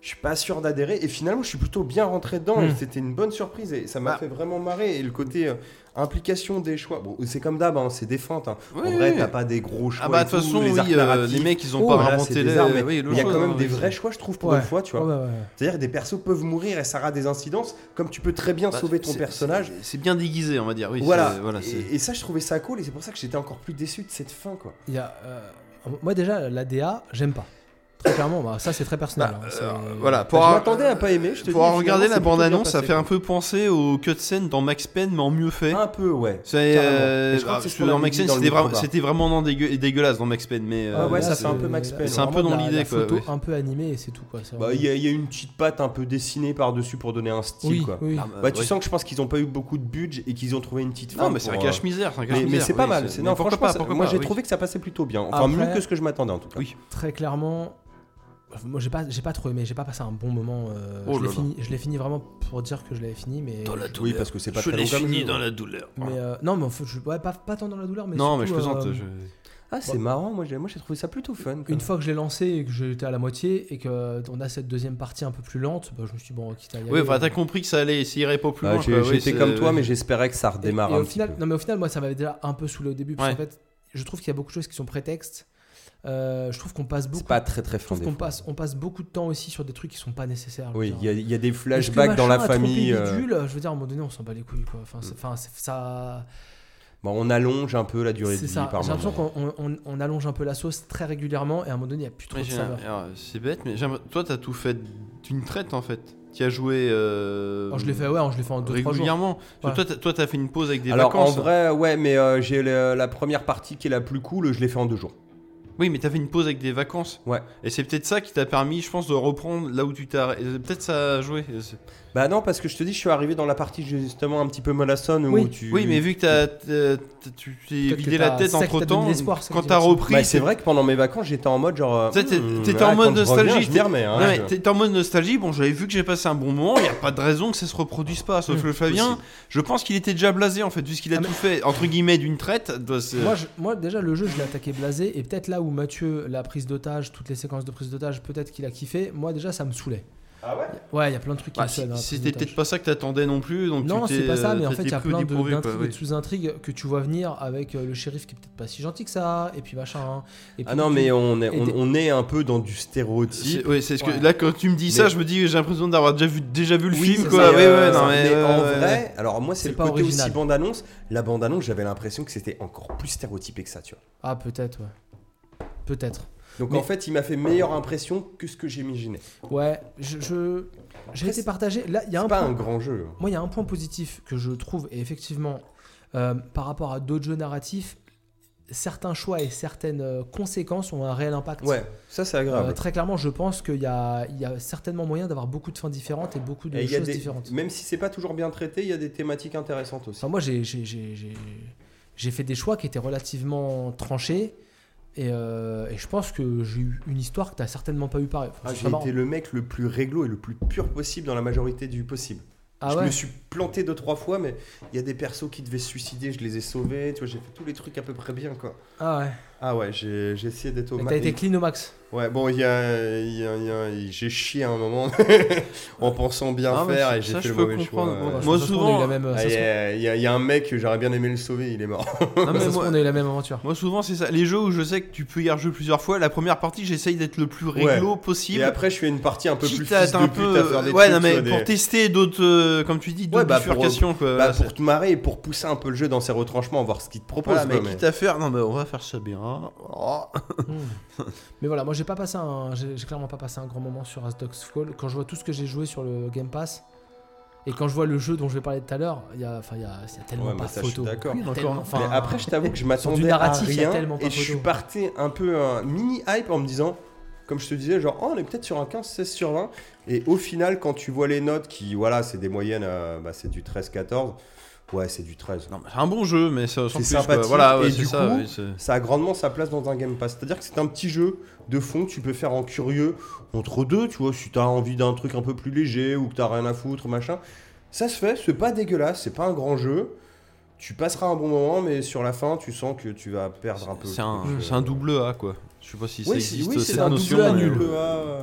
Speaker 1: Je suis pas sûr d'adhérer et finalement je suis plutôt bien rentré dedans et
Speaker 2: Hmm.
Speaker 1: c'était une bonne surprise et ça m'a
Speaker 8: Bah.
Speaker 1: fait vraiment marrer et le côté euh, implication des choix bon c'est comme d'hab hein, c'est des feintes hein.
Speaker 8: Ouais,
Speaker 1: en
Speaker 8: ouais,
Speaker 1: vrai
Speaker 8: ouais.
Speaker 1: t'as pas des gros choix
Speaker 8: Ah bah
Speaker 1: et
Speaker 8: de toute
Speaker 1: tout,
Speaker 8: façon,
Speaker 1: les
Speaker 8: oui,
Speaker 1: arcs
Speaker 8: euh,
Speaker 1: narratifs,
Speaker 8: les mecs, ils ont
Speaker 1: oh,
Speaker 8: pas
Speaker 1: voilà,
Speaker 8: inventé
Speaker 1: c'est des
Speaker 8: les.
Speaker 1: armes, mais
Speaker 8: oui,
Speaker 1: il y a
Speaker 8: l'autre,
Speaker 1: quand même
Speaker 8: hein,
Speaker 1: des
Speaker 8: oui.
Speaker 1: vrais choix je trouve pour
Speaker 2: Ouais.
Speaker 1: une fois tu vois
Speaker 2: Ouais, ouais, ouais.
Speaker 1: c'est-à-dire des persos peuvent mourir et ça aura des incidences comme tu peux très bien
Speaker 8: Bah,
Speaker 1: sauver ton
Speaker 8: c'est-
Speaker 1: personnage
Speaker 8: c'est- C'est bien déguisé, on va dire. Oui,
Speaker 1: voilà,
Speaker 8: c'est- voilà c'est-
Speaker 1: et, et ça je trouvais ça cool et c'est pour ça que j'étais encore plus déçu de cette fin quoi.
Speaker 2: Il y a, euh, moi déjà, la DA, j'aime pas. Très clairement, bah, ça c'est très personnel.
Speaker 8: Bah,
Speaker 2: hein,
Speaker 8: euh,
Speaker 2: c'est-
Speaker 8: voilà,
Speaker 1: Bah,
Speaker 8: pour
Speaker 1: je
Speaker 8: avoir-
Speaker 1: m'attendais à pas aimer, je te
Speaker 8: pour
Speaker 1: dis,
Speaker 8: avoir regardé
Speaker 1: finalement,
Speaker 8: la
Speaker 1: c'est plutôt bien
Speaker 8: bande-annonce, ça
Speaker 1: passé,
Speaker 8: fait un
Speaker 1: quoi.
Speaker 8: peu penser aux cutscenes dans Max Payne, mais en mieux fait.
Speaker 1: un peu ouais.
Speaker 8: C'est
Speaker 1: Carrément.
Speaker 8: euh,
Speaker 1: Et je crois
Speaker 8: ah,
Speaker 1: que c'est ce
Speaker 8: parce
Speaker 1: qu'on
Speaker 8: que dans
Speaker 1: avait
Speaker 8: Max
Speaker 1: dit
Speaker 8: Payne,
Speaker 1: dans le
Speaker 8: c'était
Speaker 1: micro
Speaker 8: vra-
Speaker 1: bar.
Speaker 8: c'était vraiment dans dégueu- dégueulasse dans Max Payne, mais
Speaker 1: Ah ouais,
Speaker 2: euh, là,
Speaker 1: ça fait un peu Max Payne.
Speaker 8: C'est un peu
Speaker 2: vraiment
Speaker 8: dans
Speaker 2: de la-
Speaker 8: l'idée,
Speaker 2: la
Speaker 8: quoi,
Speaker 2: photo
Speaker 8: oui.
Speaker 2: un peu animée et c'est tout quoi. c'est
Speaker 1: Bah, il y, a- il y a une petite patte un peu dessinée par-dessus pour donner un style
Speaker 2: oui,
Speaker 1: quoi.
Speaker 2: oui.
Speaker 8: Ah,
Speaker 1: Bah, tu
Speaker 8: ouais.
Speaker 1: sens que je pense qu'ils ont pas eu beaucoup de budget et qu'ils ont trouvé une petite
Speaker 8: Non,
Speaker 1: fin.
Speaker 8: mais c'est un
Speaker 1: pour, euh,
Speaker 8: cache-misère, c'est un
Speaker 1: Mais,
Speaker 8: cache-misère.
Speaker 1: mais c'est pas
Speaker 8: oui,
Speaker 1: mal,
Speaker 8: c'est-
Speaker 1: c'est-
Speaker 8: mais
Speaker 1: non,
Speaker 8: pourquoi
Speaker 1: franchement,
Speaker 8: pas,
Speaker 1: ça-
Speaker 8: pourquoi
Speaker 1: moi
Speaker 8: pas,
Speaker 1: j'ai
Speaker 8: oui.
Speaker 1: trouvé que ça passait plutôt bien. Enfin,
Speaker 2: Après-
Speaker 1: mieux que ce que je m'attendais en tout cas.
Speaker 8: Oui.
Speaker 2: Très clairement, moi j'ai pas, j'ai pas trop aimé, j'ai pas passé un bon moment. euh,
Speaker 8: Oh
Speaker 2: je l'ai
Speaker 8: là là.
Speaker 2: fini, je l'ai fini vraiment pour dire que je l'avais fini, mais.
Speaker 1: Oui, parce que c'est pas
Speaker 8: Je
Speaker 1: très
Speaker 8: l'ai
Speaker 1: long comme
Speaker 8: fini
Speaker 1: jeu.
Speaker 8: dans la douleur.
Speaker 2: Mais euh, non, mais en fait, je, ouais, pas, pas tant dans la douleur, mais.
Speaker 8: non, mais je
Speaker 2: surtout,
Speaker 8: plaisante.
Speaker 2: euh,
Speaker 8: je-
Speaker 1: Ah, c'est
Speaker 2: Ouais.
Speaker 1: marrant, moi j'ai moi, j'ai trouvé ça plutôt fun. quoi. Bah,
Speaker 2: Une fois que je l'ai lancé et que j'étais à la moitié et que on a cette deuxième partie un peu plus lente, bah, je me suis dit bon, quitte à y aller.
Speaker 8: Oui, enfin,
Speaker 2: euh,
Speaker 8: t'as compris que ça allait, essayer pas plus
Speaker 1: Ah,
Speaker 8: loin.
Speaker 1: j'ai-
Speaker 8: quoi, oui,
Speaker 1: J'étais
Speaker 8: c'est-
Speaker 1: comme toi, mais j'espérais que ça redémarre
Speaker 2: Et- et
Speaker 1: un
Speaker 2: au
Speaker 1: petit
Speaker 2: final,
Speaker 1: peu.
Speaker 2: Non, mais au final, moi, ça m'avait déjà un peu saoulé au début. Parce
Speaker 8: Ouais.
Speaker 2: qu'en fait, je trouve qu'il y a beaucoup de choses qui sont prétextes. Euh, je trouve qu'on passe beaucoup.
Speaker 1: C'est pas très très
Speaker 2: je
Speaker 1: fin.
Speaker 2: trouve
Speaker 1: des
Speaker 2: qu'on
Speaker 1: fois.
Speaker 2: passe, on passe beaucoup de temps aussi sur des trucs qui sont pas nécessaires. je
Speaker 1: Oui,
Speaker 2: veux
Speaker 1: il y, a-
Speaker 2: dire.
Speaker 1: il y a des
Speaker 2: Est-ce Hein, que
Speaker 1: flashbacks dans la
Speaker 2: machin a trompé
Speaker 1: famille. euh, Mm.
Speaker 2: bidule Je veux dire, à un moment donné, on s'en bat les couilles. Quoi. Enfin, c'est, enfin, c'est- ça.
Speaker 1: bon, bah, on allonge un peu la durée de
Speaker 2: c'est
Speaker 1: vie
Speaker 2: ça.
Speaker 1: par
Speaker 2: J'ai l'impression
Speaker 1: moment.
Speaker 2: qu'on on, on- on allonge un peu la sauce très régulièrement et à un moment donné, il n'y a plus trop
Speaker 8: Ouais,
Speaker 2: de
Speaker 8: j'ai-
Speaker 2: saveur.
Speaker 8: alors, C'est bête, mais j'aimerais- toi, t'as tout fait d'une traite en fait. Tu as joué. euh,
Speaker 2: Alors, je l'ai fait, ouais, je l'ai fait en 2-3 jours.
Speaker 8: régulièrement. Parce que
Speaker 2: Ouais.
Speaker 8: toi, t'as- Toi, t'as fait une pause avec des
Speaker 3: hein.
Speaker 1: Alors en
Speaker 8: vacances.
Speaker 1: vrai, ouais, mais euh, j'ai le- la première partie qui est la plus cool, je l'ai fait en deux jours.
Speaker 3: Oui, mais t'as fait une pause avec des vacances.
Speaker 1: Ouais.
Speaker 3: Et c'est peut-être ça qui t'a permis, je pense, de reprendre là où tu t'es arrêté. Et Peut-être ça a joué. C'est-
Speaker 1: Bah non, parce que je te dis, je suis arrivé dans la partie justement un petit peu mollassonne
Speaker 2: Oui.
Speaker 1: où tu.
Speaker 3: Oui, mais vu que t'as- t'as- t'as- tu t'es
Speaker 2: Peut-être que
Speaker 3: vidé la
Speaker 2: t'as-
Speaker 3: tête
Speaker 2: ça qui t'a
Speaker 3: entre temps,
Speaker 2: donné l'espoir, ça
Speaker 3: quand
Speaker 2: qui
Speaker 3: t'as
Speaker 2: t'a-
Speaker 3: repris.
Speaker 1: Bah, c'est vrai que pendant mes vacances, j'étais en mode genre. euh,
Speaker 3: Tu sais, t'es-
Speaker 1: hmm,
Speaker 3: t'étais
Speaker 1: là,
Speaker 3: en mode
Speaker 1: quand je reviens,
Speaker 3: nostalgie,
Speaker 1: Je
Speaker 3: t'es-
Speaker 1: m'y remets. hein,
Speaker 3: Non, mais
Speaker 1: je-
Speaker 3: t'es en mode nostalgie. Bon, j'avais vu que j'ai passé un bon moment. Il n'y a pas de raison que ça se reproduise pas. Sauf que le Flavien, je pense qu'il était déjà blasé en fait, vu ce qu'il a
Speaker 2: Mmh, Ah, mais-
Speaker 3: tout fait, entre guillemets, d'une traite. doit se-
Speaker 2: Moi, je- moi, déjà, le jeu, je l'ai attaqué blasé. Et peut-être là où Mathieu, la prise d'otage, toutes les séquences de prise d'otage, peut-être qu'il a kiffé. Moi, déjà, ça me saoulait.
Speaker 9: Ah ouais
Speaker 2: Ouais, il y a plein de trucs qui
Speaker 3: Bah,
Speaker 2: me saoulent. dans la prise
Speaker 3: C'était
Speaker 2: d'otage.
Speaker 3: peut-être pas ça que t'attendais non plus. Donc
Speaker 2: Non,
Speaker 3: tu
Speaker 2: c'est
Speaker 3: t'es-
Speaker 2: pas ça, mais en
Speaker 3: t'as
Speaker 2: fait, il
Speaker 3: été
Speaker 2: y a
Speaker 3: pris au
Speaker 2: plein de-
Speaker 3: dépourvu, quoi,
Speaker 2: d'intrigues et
Speaker 3: oui.
Speaker 2: de sous-intrigues que tu vois venir avec euh, le shérif qui est peut-être pas si gentil que ça, et puis machin. hein. Et
Speaker 1: Ah
Speaker 2: puis
Speaker 1: non,
Speaker 2: tu-
Speaker 1: mais on est,
Speaker 2: et
Speaker 1: on,
Speaker 2: des-
Speaker 1: on est un peu dans du
Speaker 3: C'est-
Speaker 1: stéréotype.
Speaker 3: ouais, c'est ce que
Speaker 2: Ouais.
Speaker 3: là quand tu me dis ça,
Speaker 1: Mais-
Speaker 3: je me dis j'ai l'impression d'avoir déjà vu déjà vu le
Speaker 2: Oui,
Speaker 3: film
Speaker 2: c'est
Speaker 3: quoi.
Speaker 2: ça.
Speaker 3: Ouais, ouais,
Speaker 1: euh,
Speaker 3: non, mais, ouais,
Speaker 1: en
Speaker 3: ouais, ouais.
Speaker 1: vrai, alors moi, c'est
Speaker 2: C'est
Speaker 1: le
Speaker 2: pas
Speaker 1: côté
Speaker 2: original.
Speaker 1: aussi bande-annonce. La bande-annonce, j'avais l'impression que c'était encore plus stéréotypé que ça, tu vois.
Speaker 2: Ah, peut-être, ouais. Peut-être.
Speaker 1: Donc
Speaker 2: Mais-
Speaker 1: en fait, il m'a fait meilleure impression que ce que j'imaginais.
Speaker 2: Ouais, je. je- J'ai
Speaker 1: Après,
Speaker 2: été
Speaker 1: c'est-
Speaker 2: partagé. Là, il y a
Speaker 1: C'est
Speaker 2: un
Speaker 1: pas
Speaker 2: point-
Speaker 1: un grand jeu. hein.
Speaker 2: Moi, il y a un point positif que je trouve, et effectivement, euh, par rapport à d'autres jeux narratifs, certains choix et certaines euh, conséquences ont un réel impact.
Speaker 1: Ouais, ça c'est
Speaker 2: Euh,
Speaker 1: agréable.
Speaker 2: très clairement, je pense qu'il y a, il y a certainement moyen d'avoir beaucoup de fins différentes et beaucoup de
Speaker 1: Et il y a
Speaker 2: choses
Speaker 1: des-
Speaker 2: différentes.
Speaker 1: Même si c'est pas toujours bien traité, il y a des thématiques intéressantes aussi.
Speaker 2: Enfin, moi, j'ai, j'ai, j'ai- j'ai- j'ai fait des choix qui étaient relativement tranchés. Et, euh, et je pense que j'ai eu une histoire que t'as certainement pas eu pareil. Enfin,
Speaker 1: Ah,
Speaker 2: c'est
Speaker 1: j'ai
Speaker 2: pas marrant.
Speaker 1: été le mec le plus réglo et le plus pur possible dans la majorité du possible.
Speaker 2: Ah
Speaker 1: je
Speaker 2: ouais
Speaker 1: me suis planté deux trois fois, mais il y a des persos qui devaient se suicider, je les ai sauvés. Tu vois, j'ai fait tous les trucs à peu près bien quoi.
Speaker 2: Ah ouais.
Speaker 1: Ah ouais, j'ai j'ai essayé d'être au
Speaker 2: Mais
Speaker 1: ma-
Speaker 2: T'as été clean au max.
Speaker 1: Ouais, bon, il y a, il y a- il y a- j'ai chié à un moment en pensant bien
Speaker 3: Ah, mais
Speaker 1: faire
Speaker 3: ça,
Speaker 1: et j'ai
Speaker 3: ça,
Speaker 1: fait
Speaker 3: je
Speaker 1: le
Speaker 3: peux
Speaker 1: mauvais
Speaker 3: comprendre.
Speaker 1: choix.
Speaker 3: Bon,
Speaker 1: ouais.
Speaker 3: moi,
Speaker 2: Ça se trouve, on
Speaker 3: souvent,
Speaker 2: a eu la même,
Speaker 1: Ah,
Speaker 2: ça
Speaker 1: Il
Speaker 2: se
Speaker 1: y, a- il y a- il y a un mec, que j'aurais bien aimé le sauver, il est mort.
Speaker 3: Non,
Speaker 2: trouve- ça
Speaker 3: mais
Speaker 2: se trouve,
Speaker 3: moi,
Speaker 2: on a eu la même aventure.
Speaker 3: moi, souvent c'est ça. Les jeux où je sais que tu peux y rejouer plusieurs fois, la première partie j'essaye d'être le plus
Speaker 1: Ouais.
Speaker 3: réglo
Speaker 1: Et
Speaker 3: possible.
Speaker 1: après, je fais une partie un peu
Speaker 3: Quitte
Speaker 1: plus
Speaker 3: à
Speaker 1: fils
Speaker 3: être
Speaker 1: de pute à faire des
Speaker 3: ouais,
Speaker 1: trucs,
Speaker 3: non, mais
Speaker 1: tu vois,
Speaker 3: pour
Speaker 1: des-
Speaker 3: tester d'autres, euh, comme tu dis, d'autres
Speaker 1: Ouais, bah, pour-
Speaker 3: bifurcations quoi.
Speaker 1: bah,
Speaker 3: Voilà,
Speaker 1: pour
Speaker 3: c'est-
Speaker 1: te marrer et pour pousser un peu le jeu dans ses retranchements, voir ce qu'il te propose.
Speaker 3: Voilà, mais
Speaker 1: quoi, mais-
Speaker 3: quitte à faire, non, mais on va faire ça bien. Oh.
Speaker 2: Hmm. Mais voilà, moi j'ai pas passé un, j'ai j'ai clairement pas passé un grand moment sur As Dogs Fall. Quand je vois tout ce que j'ai joué sur le Game Pass et quand je vois le jeu dont je vais parler tout à l'heure, il y a, enfin il y a, il y a tellement
Speaker 1: Ouais, mais
Speaker 2: pas
Speaker 1: ça, je suis
Speaker 2: photo.
Speaker 1: d'accord.
Speaker 2: Il y a
Speaker 3: Encore.
Speaker 2: tellement- enfin,
Speaker 1: Mais après, je t'avoue que je m'attendais à
Speaker 2: narratif, il y a
Speaker 1: rien
Speaker 2: tellement pas
Speaker 1: et je suis
Speaker 2: photo.
Speaker 1: parti un peu un mini hype en me disant, comme je te disais, genre oh, on est peut-être sur un 15-16 sur 20. Et au final, quand tu vois les notes qui, voilà, c'est des moyennes, euh, bah, c'est du 13-14. Ouais, c'est du 13.
Speaker 3: Non, mais c'est un bon jeu, mais ça sans
Speaker 1: C'est
Speaker 3: plus,
Speaker 1: sympathique,
Speaker 3: quoi. Voilà, ouais,
Speaker 1: et
Speaker 3: c'est
Speaker 1: du
Speaker 3: ça.
Speaker 1: coup,
Speaker 3: oui, c'est-
Speaker 1: Ça a grandement sa place dans un Game Pass. C'est-à-dire que c'est un petit jeu de fond, tu peux faire en curieux entre deux, tu vois, si t'as envie d'un truc un peu plus léger ou que t'as rien à foutre, machin. Ça se fait, c'est pas dégueulasse, c'est pas un grand jeu. Tu passeras un bon moment, mais sur la fin, tu sens que tu vas perdre un peu.
Speaker 3: C'est un,
Speaker 1: Donc, euh,
Speaker 3: c'est un double A quoi. Je sais pas si ça
Speaker 1: Oui, c'est-
Speaker 3: existe
Speaker 1: oui, c'est
Speaker 3: cette
Speaker 1: un
Speaker 3: notion.
Speaker 1: double A
Speaker 3: mais-
Speaker 1: nul. euh,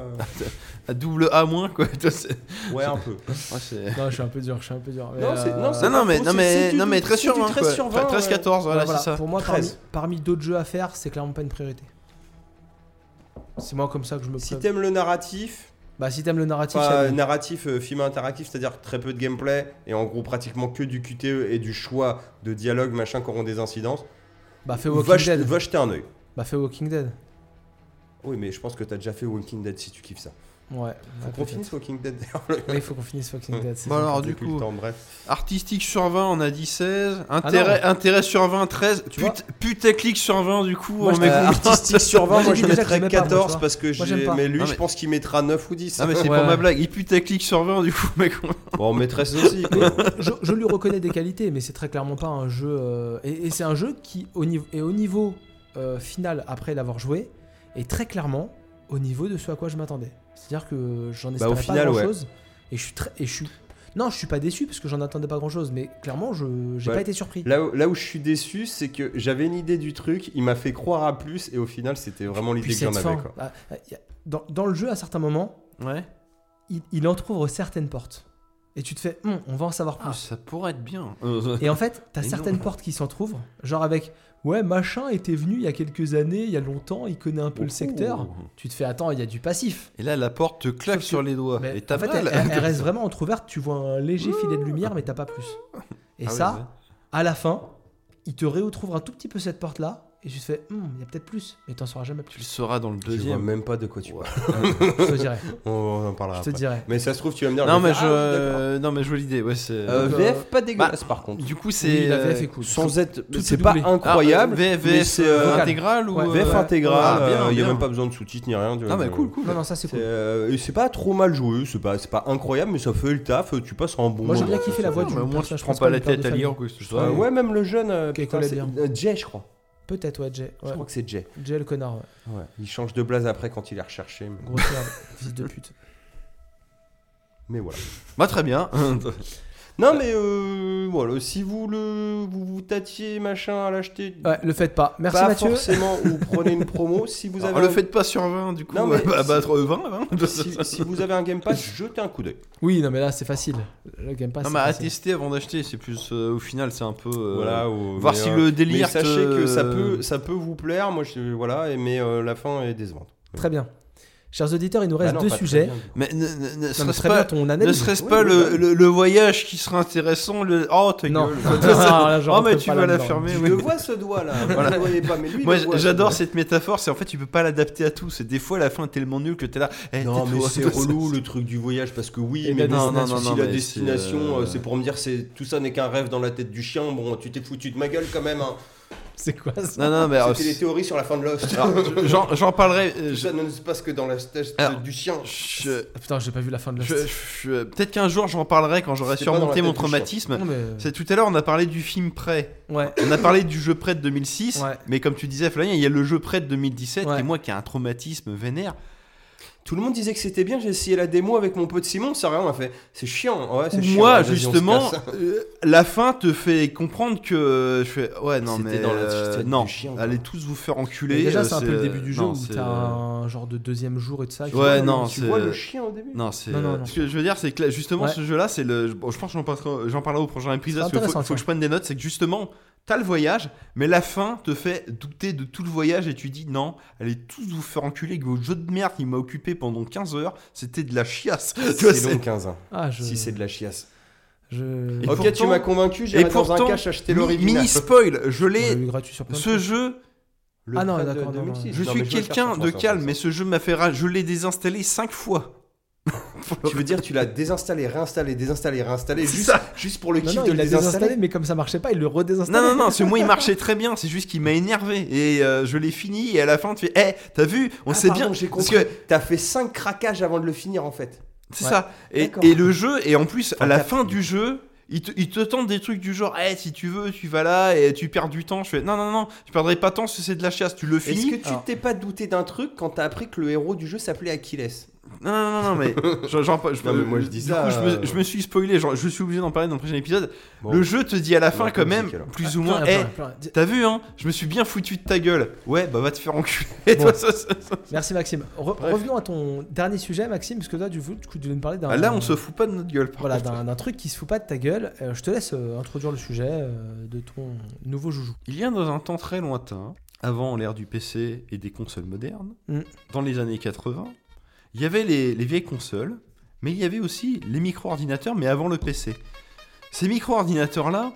Speaker 3: Un double A moins quoi. Toi, c'est-
Speaker 1: Ouais, un peu.
Speaker 3: Ouais, c'est-
Speaker 2: Non, je suis un peu dur, je suis un peu dur. mais,
Speaker 1: Non, c'est-
Speaker 2: euh,
Speaker 1: non, c'est-
Speaker 3: Ah, Non, non,
Speaker 1: pas
Speaker 3: mais,
Speaker 1: faux,
Speaker 3: non,
Speaker 1: c'est-
Speaker 3: mais,
Speaker 1: c'est
Speaker 3: non,
Speaker 1: du-
Speaker 3: mais 13
Speaker 1: c'est
Speaker 3: sur
Speaker 1: du
Speaker 3: 20.
Speaker 1: 13
Speaker 3: quoi.
Speaker 1: sur
Speaker 3: Enfin,
Speaker 1: 20,
Speaker 3: 13-14,
Speaker 2: ouais,
Speaker 3: voilà,
Speaker 2: voilà.
Speaker 3: c'est ça.
Speaker 2: Pour moi, parmi,
Speaker 1: 13.
Speaker 2: parmi d'autres jeux à faire, c'est clairement pas une priorité. C'est moi comme ça que je me.
Speaker 1: Si
Speaker 2: pré-
Speaker 1: t'aimes le narratif,
Speaker 2: bah si t'aimes le narratif,
Speaker 1: pas
Speaker 2: ça-
Speaker 1: euh, narratif, euh, film interactif, c'est-à-dire très peu de gameplay et en gros pratiquement que du QTE et du choix de dialogue machin qui auront des incidences,
Speaker 2: bah fais Walking
Speaker 1: va, je-
Speaker 2: Dead.
Speaker 1: va jeter un œil.
Speaker 2: Bah fais Walking Dead.
Speaker 1: Oui, mais je pense que t'as déjà fait Walking Dead si tu kiffes ça.
Speaker 2: Ouais.
Speaker 1: Faut qu'on finisse Walking Dead d'ailleurs.
Speaker 2: Oui, il faut qu'on finisse Walking Dead. c'est
Speaker 3: Bon,
Speaker 2: ça.
Speaker 3: alors,
Speaker 1: J'ai
Speaker 3: du
Speaker 1: plus le
Speaker 3: coup,
Speaker 1: temps, bref.
Speaker 3: artistique sur 20, on a dit 16. Intérêt, intérêt sur 20, 13.
Speaker 2: Ah Tu vois
Speaker 3: Put, putaclic sur 20, du coup.
Speaker 2: Moi,
Speaker 3: on
Speaker 2: je
Speaker 3: met
Speaker 2: t'ai
Speaker 1: Euh,
Speaker 3: combien
Speaker 1: artistique sur 20,
Speaker 2: Moi,
Speaker 1: moi
Speaker 2: j'ai
Speaker 1: je
Speaker 2: déjà
Speaker 1: mettrais
Speaker 2: cramé pas, moi, tu
Speaker 1: 14
Speaker 2: vois.
Speaker 1: parce que
Speaker 2: Moi, j'aime
Speaker 1: j'ai.
Speaker 2: pas.
Speaker 1: Mais lui,
Speaker 3: Non,
Speaker 1: je
Speaker 3: mais-
Speaker 1: pense qu'il mettra 9 ou 10.
Speaker 3: Ah, mais c'est
Speaker 2: Ouais,
Speaker 3: pour ma
Speaker 2: ouais.
Speaker 3: blague. Il putaclic sur 20, du coup, mec. on-
Speaker 1: Bon, on mettrait ça aussi. quoi.
Speaker 2: je, je lui reconnais des qualités, mais c'est très clairement pas un jeu. euh, et et c'est un jeu qui, au niveau, et au niveau euh, final, après l'avoir joué, est très clairement au niveau de ce à quoi je m'attendais. C'est-à-dire que j'en espérais
Speaker 1: Bah, au final,
Speaker 2: pas
Speaker 1: ouais.
Speaker 2: grand-chose. Et je suis très. Et je suis... Non, je suis pas déçu parce que j'en attendais pas grand-chose, mais clairement, je j'ai
Speaker 1: Ouais.
Speaker 2: pas été surpris.
Speaker 1: Là où, là où je suis déçu, c'est que j'avais une idée du truc, il m'a fait croire à plus, et au final, c'était vraiment l'idée
Speaker 2: Puis
Speaker 1: que j'en
Speaker 2: cette fin,
Speaker 1: avais. Quoi.
Speaker 2: ah, ah, y a- dans, dans le jeu, à certains moments,
Speaker 3: Ouais.
Speaker 2: il, il entrouvre certaines portes. Et tu te fais, Hum, on va en savoir plus.
Speaker 3: Ah, ça pourrait être bien. Euh,
Speaker 2: Et en fait, t'as
Speaker 3: Mais non.
Speaker 2: certaines portes qui s'entrouvent, genre avec ouais, machin était venu il y a quelques années, il y a longtemps, il connaît un peu le secteur. Tu te fais attends, il y a du passif.
Speaker 3: Et là, la porte te claque
Speaker 2: Sauf
Speaker 3: sur les doigts.
Speaker 2: Mais
Speaker 3: et Ah, t'as
Speaker 2: en fait,
Speaker 3: mal.
Speaker 2: elle, elle- elle reste vraiment entrouverte. Tu vois un léger filet de lumière, mais t'as pas plus. Et
Speaker 3: Ah ouais,
Speaker 2: ça,
Speaker 3: ouais.
Speaker 2: à la fin, il te réouvre un tout petit peu cette porte là, et je fais, Hum, il y a peut-être plus, mais t'en sauras jamais
Speaker 3: Tu
Speaker 2: plus.
Speaker 3: le sauras dans le
Speaker 1: Je vois
Speaker 3: deuxième.
Speaker 1: même pas de quoi tu parles.
Speaker 2: je te dirai.
Speaker 1: On, on en parlera
Speaker 2: Je te
Speaker 1: après.
Speaker 2: dirai.
Speaker 1: Mais ça se trouve, tu vas me dire.
Speaker 3: Non, mais
Speaker 1: vais
Speaker 3: je,
Speaker 1: faire, ah, oui, d'accord.
Speaker 3: non, mais je vois l'idée. Ouais, c'est.
Speaker 1: Euh,
Speaker 2: Donc,
Speaker 1: VF, pas dégueulasse par contre.
Speaker 3: du coup,
Speaker 2: Oui,
Speaker 3: c'est.
Speaker 2: la
Speaker 3: euh,
Speaker 2: VF est cool.
Speaker 1: Sans être.
Speaker 2: tout
Speaker 1: C'est
Speaker 2: est
Speaker 1: pas
Speaker 2: doublé.
Speaker 3: ah,
Speaker 1: incroyable.
Speaker 3: VF,
Speaker 1: mais c'est, euh,
Speaker 2: vocal.
Speaker 3: intégrale ou.
Speaker 2: Ouais.
Speaker 1: VF
Speaker 2: Ouais.
Speaker 1: intégrale,
Speaker 3: Ah,
Speaker 1: il
Speaker 3: bien,
Speaker 1: n'y euh, a
Speaker 3: bien.
Speaker 1: même pas besoin de sous-titres ni rien. tu
Speaker 3: Non,
Speaker 1: vois,
Speaker 3: mais
Speaker 1: je-
Speaker 3: cool, cool.
Speaker 2: Non, non, ça c'est
Speaker 1: C'est,
Speaker 2: cool.
Speaker 1: euh, et c'est pas trop mal joué, c'est pas, c'est pas incroyable, mais ça fait le taf, tu passes un bon
Speaker 2: Moi j'ai
Speaker 1: moment.
Speaker 2: bien kiffé la voix
Speaker 3: Non,
Speaker 2: du
Speaker 3: mais au moins, tu
Speaker 2: personnage
Speaker 3: te prends pas la
Speaker 2: principal, le
Speaker 3: tête
Speaker 2: père
Speaker 3: à
Speaker 2: de
Speaker 3: lire
Speaker 2: famille.
Speaker 3: ou quoi que ce soit.
Speaker 1: Euh, ouais, même le jeune, euh,
Speaker 2: Qui
Speaker 1: putain,
Speaker 2: collait
Speaker 1: c'est-
Speaker 2: bien.
Speaker 1: euh, Jay, je crois.
Speaker 2: Peut-être, ouais, Jay.
Speaker 1: Je
Speaker 2: Ouais.
Speaker 1: crois que c'est Jay.
Speaker 2: Jay le connard, ouais.
Speaker 1: Ouais. Il change de blase après quand il est recherché. Mais,
Speaker 2: Grosse merde, fils de pute.
Speaker 1: mais voilà.
Speaker 3: Bah, très bien.
Speaker 1: Non, mais euh, voilà, si vous le vous, vous tâtiez machin à l'acheter,
Speaker 2: Ouais, le faites pas. Merci
Speaker 1: pas
Speaker 2: Mathieu.
Speaker 1: forcément, ou prenez une promo. Si vous avez
Speaker 3: Alors, Ah, le
Speaker 1: un-
Speaker 3: faites pas sur 20, du coup.
Speaker 1: Non, mais Ah,
Speaker 3: euh, bah,
Speaker 1: si-
Speaker 3: bah, 20, 20.
Speaker 1: si, si vous avez un Game Pass, jetez un coup d'œil.
Speaker 2: Oui, non mais là c'est facile. Le Game Pass.
Speaker 3: Non,
Speaker 2: c'est
Speaker 3: mais à
Speaker 2: facile.
Speaker 3: tester avant d'acheter, c'est plus. euh, Au final, c'est un peu. euh,
Speaker 1: voilà, ou-
Speaker 3: Voir
Speaker 1: mais,
Speaker 3: si
Speaker 1: euh,
Speaker 3: le
Speaker 1: Mais
Speaker 3: délire.
Speaker 1: sachez
Speaker 3: te-
Speaker 1: que ça peut, ça peut vous plaire, moi je, voilà, et- mais euh, la fin est décevante.
Speaker 2: Très bien. Chers auditeurs, il nous
Speaker 1: Bah
Speaker 2: reste
Speaker 1: non,
Speaker 2: deux
Speaker 1: pas très
Speaker 2: sujets.
Speaker 1: bien.
Speaker 3: Mais ne- ne- ne
Speaker 2: Non, mais
Speaker 3: serait-ce
Speaker 2: très bien
Speaker 3: pas.
Speaker 2: ton
Speaker 3: Ne
Speaker 2: analyse.
Speaker 3: serait-ce
Speaker 1: Oui,
Speaker 3: pas
Speaker 1: oui,
Speaker 3: le,
Speaker 1: bah.
Speaker 3: le, le voyage qui serait intéressant le... Oh, ta
Speaker 2: Non.
Speaker 3: gueule.
Speaker 2: Non, là, je
Speaker 3: oh,
Speaker 2: rentre
Speaker 3: mais
Speaker 2: pas
Speaker 3: tu vas la
Speaker 2: là-dedans.
Speaker 3: fermer.
Speaker 1: Je
Speaker 3: oui.
Speaker 1: le vois ce doigt là, vous
Speaker 3: Voilà.
Speaker 1: le voyez pas, mais lui. il
Speaker 3: Moi
Speaker 1: le voit,
Speaker 3: j'adore
Speaker 1: ce
Speaker 3: cette métaphore, c'est en fait tu peux pas l'adapter à tout, c'est des fois la fin est tellement nulle que t'es là. eh,
Speaker 1: doigt. Non mais
Speaker 3: tais-toi.
Speaker 1: c'est relou le truc du voyage parce que oui
Speaker 2: Et la
Speaker 1: mais non, non,
Speaker 2: destination.
Speaker 1: non, si
Speaker 3: Non,
Speaker 1: la
Speaker 3: mais
Speaker 1: destination
Speaker 3: c'est, euh,
Speaker 1: euh, c'est pour me dire c'est tout ça n'est qu'un rêve dans la tête du chien bon tu t'es foutu de ma gueule quand même hein.
Speaker 2: C'est quoi ça
Speaker 3: Non non mais alors,
Speaker 1: c'était les théories sur la fin de Lost
Speaker 3: Bah, alors, j'en j'en parlerai. euh,
Speaker 1: tout
Speaker 3: je-
Speaker 1: ça ne se passe que dans la tête
Speaker 3: Alors,
Speaker 1: du chien
Speaker 3: je-
Speaker 2: Ah, Putain, j'ai pas vu la fin de la.
Speaker 3: je- je- Peut-être qu'un jour j'en parlerai quand j'aurai
Speaker 1: C'est pas dans la
Speaker 3: surmonté
Speaker 1: tête
Speaker 3: mon
Speaker 1: du chien.
Speaker 3: traumatisme.
Speaker 2: Non mais.
Speaker 3: C'est tout à l'heure on a parlé du film Prêt,
Speaker 2: Ouais.
Speaker 3: on a parlé du jeu Prêt de 2006,
Speaker 2: Ouais.
Speaker 3: mais comme tu disais Flavien, il y a le jeu Prêt de 2017
Speaker 2: Ouais.
Speaker 3: et moi qui a un traumatisme vénère.
Speaker 1: tout le monde disait que c'était bien j'ai essayé la démo avec mon pote Simon ça rien on a fait c'est chiant hein, ouais c'est
Speaker 3: Ou
Speaker 1: chiant
Speaker 3: moi
Speaker 1: vas-y, on se
Speaker 3: justement,
Speaker 1: casse.
Speaker 3: euh, la fin te fait comprendre que euh, je fais ouais non
Speaker 1: C'était
Speaker 3: mais
Speaker 1: dans la
Speaker 3: euh,
Speaker 1: tête du
Speaker 3: non,
Speaker 1: chien, quoi.
Speaker 3: allez tous vous faire enculer.
Speaker 2: Mais déjà,
Speaker 3: euh,
Speaker 2: c'est un peu le début du jeu
Speaker 3: non,
Speaker 2: où
Speaker 3: c'est- euh,
Speaker 2: t'as un genre de deuxième jour et tout ça. qui-
Speaker 3: Ouais, non,
Speaker 1: tu
Speaker 3: c'est-
Speaker 1: vois le chien au début
Speaker 3: Non, c'est. euh,
Speaker 2: Non, non, non.
Speaker 3: Ce que je veux dire, c'est que là, justement,
Speaker 2: Ouais.
Speaker 3: ce jeu-là, c'est le. bon, je pense que j'en parlerai, j'en parlerai au prochain
Speaker 2: C'est
Speaker 3: épisode. Parce que faut,
Speaker 2: intéressant,
Speaker 3: faut que
Speaker 2: ça.
Speaker 3: je prenne des notes. C'est que justement, t'as le voyage, mais la fin te fait douter de tout le voyage et tu dis non, allez tous vous faire enculer. Que votre jeu de merde qui m'a occupé pendant 15 heures, c'était de la chiasse. Tu vois,
Speaker 1: c'est long 15 ans
Speaker 2: Ah, je.
Speaker 1: si c'est de la chiasse
Speaker 2: Je.
Speaker 3: Et
Speaker 1: ok,
Speaker 3: pourtant-
Speaker 1: tu m'as convaincu, j'irai dans un
Speaker 3: pourtant,
Speaker 1: cache acheter
Speaker 3: Mi-
Speaker 1: l'original.
Speaker 3: mini spoil, je
Speaker 2: Je l'ai
Speaker 3: l'ai.
Speaker 2: eu gratuit sur plein de
Speaker 3: Ce
Speaker 2: trucs.
Speaker 3: jeu,
Speaker 1: Le
Speaker 2: Ah non,
Speaker 1: prêt de
Speaker 2: d'accord, non, non.
Speaker 1: 2006.
Speaker 3: je
Speaker 1: Non, mais
Speaker 3: suis
Speaker 1: vais le faire
Speaker 3: quelqu'un
Speaker 1: sur
Speaker 3: de
Speaker 1: France,
Speaker 3: calme,
Speaker 1: sur
Speaker 3: mais ce jeu m'a fait rage. Je l'ai désinstallé 5 fois.
Speaker 1: France. Tu veux dire, tu l'as désinstallé, réinstallé, désinstallé, réinstallé,
Speaker 3: C'est
Speaker 1: juste,
Speaker 3: ça.
Speaker 1: juste pour le
Speaker 2: Non,
Speaker 1: kiff
Speaker 2: non,
Speaker 1: de
Speaker 2: il
Speaker 1: le
Speaker 2: l'a désinstallé,
Speaker 1: désinstaller
Speaker 2: mais comme ça marchait pas, il le redésinstallait.
Speaker 3: Non, non, non, c'est moi, il marchait très bien, c'est juste qu'il m'a énervé. Et euh, je l'ai fini, et à la fin, tu fais, Eh, t'as vu, on
Speaker 1: Ah,
Speaker 3: sait
Speaker 1: pardon,
Speaker 3: bien.
Speaker 1: j'ai
Speaker 3: Parce
Speaker 1: compris.
Speaker 3: que
Speaker 1: T'as fait 5 craquages avant de le finir en fait.
Speaker 3: c'est
Speaker 2: Ouais.
Speaker 3: ça. Et,
Speaker 1: D'accord.
Speaker 3: et le jeu, et en plus, à
Speaker 1: Enfin,
Speaker 3: la
Speaker 1: quatre,
Speaker 3: fin
Speaker 1: du
Speaker 3: du jeu, il te, il te tente des trucs du genre, Eh, si tu veux, tu vas là, et tu perds du temps. Je fais, non, non, non, tu perdrais pas de temps, parce que c'est de la chasse, tu le
Speaker 1: Est-ce
Speaker 3: finis.
Speaker 1: que tu
Speaker 2: Alors.
Speaker 1: t'es pas douté d'un truc quand t'as appris que le héros du jeu s'appelait Achilles
Speaker 3: Non, non, non, non, mais. genre, genre, je,
Speaker 1: Non, mais moi, je dis
Speaker 3: du
Speaker 1: ça,
Speaker 3: coup, je,
Speaker 1: euh,
Speaker 3: me, je me suis spoilé, genre, je suis obligé d'en parler dans le prochain épisode.
Speaker 1: Bon.
Speaker 3: Le jeu te dit à la fin,
Speaker 1: va
Speaker 3: quand
Speaker 1: pas
Speaker 3: même,
Speaker 1: musique, alors.
Speaker 3: plus ou
Speaker 2: Plus
Speaker 3: moins,
Speaker 2: rien, plus
Speaker 3: Eh,
Speaker 2: rien, plus rien. Di-
Speaker 3: t'as vu, hein, je me suis bien foutu de ta gueule. Ouais, bah, va te faire enculer.
Speaker 2: Bon.
Speaker 3: Toi, ça- ça-
Speaker 2: Merci Maxime. Re-
Speaker 3: Bref.
Speaker 2: Revenons à ton dernier sujet, Maxime, parce que toi, du coup, tu voulais nous parler d'un.
Speaker 3: Ah, Là, on se fout pas de notre gueule, par
Speaker 2: Voilà,
Speaker 3: contre.
Speaker 2: d'un d'un truc qui se fout pas de ta gueule. Euh, je te laisse euh, introduire le sujet euh, de ton nouveau joujou.
Speaker 3: Il y a dans un temps très lointain, avant l'ère du PC et des consoles modernes,
Speaker 2: Mm.
Speaker 3: dans les années 80, il y avait les, les vieilles consoles, mais il y avait aussi les micro-ordinateurs, mais avant le PC. Ces micro-ordinateurs-là,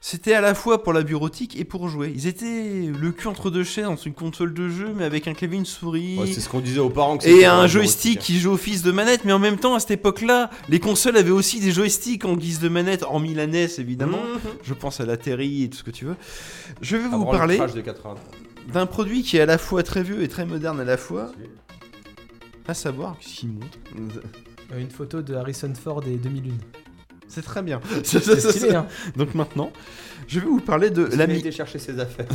Speaker 3: c'était à la fois pour la bureautique et pour jouer. Ils étaient le cul entre deux chaises dans une console de jeu, mais avec un clavier, une souris.
Speaker 1: ce qu'on disait aux parents.
Speaker 3: et un joystick qui joue office de manette, mais en même temps, à cette époque-là, les consoles avaient aussi des joysticks en guise de manette, en milanais E évidemment.
Speaker 2: Mm.
Speaker 3: Je pense à la Terry et tout ce que tu veux. Je
Speaker 1: Ah,
Speaker 3: vais vous parler
Speaker 1: de 80.
Speaker 3: d'un produit qui est à la fois très vieux et très moderne à la fois, à savoir Simon.
Speaker 2: Euh, une photo de Harrison Ford et demi-lune.
Speaker 3: C'est très bien.
Speaker 2: C'est stylé, hein.
Speaker 3: Donc maintenant, je vais vous parler de
Speaker 1: Il a
Speaker 3: l'Ami-
Speaker 1: été chercher ses affaires.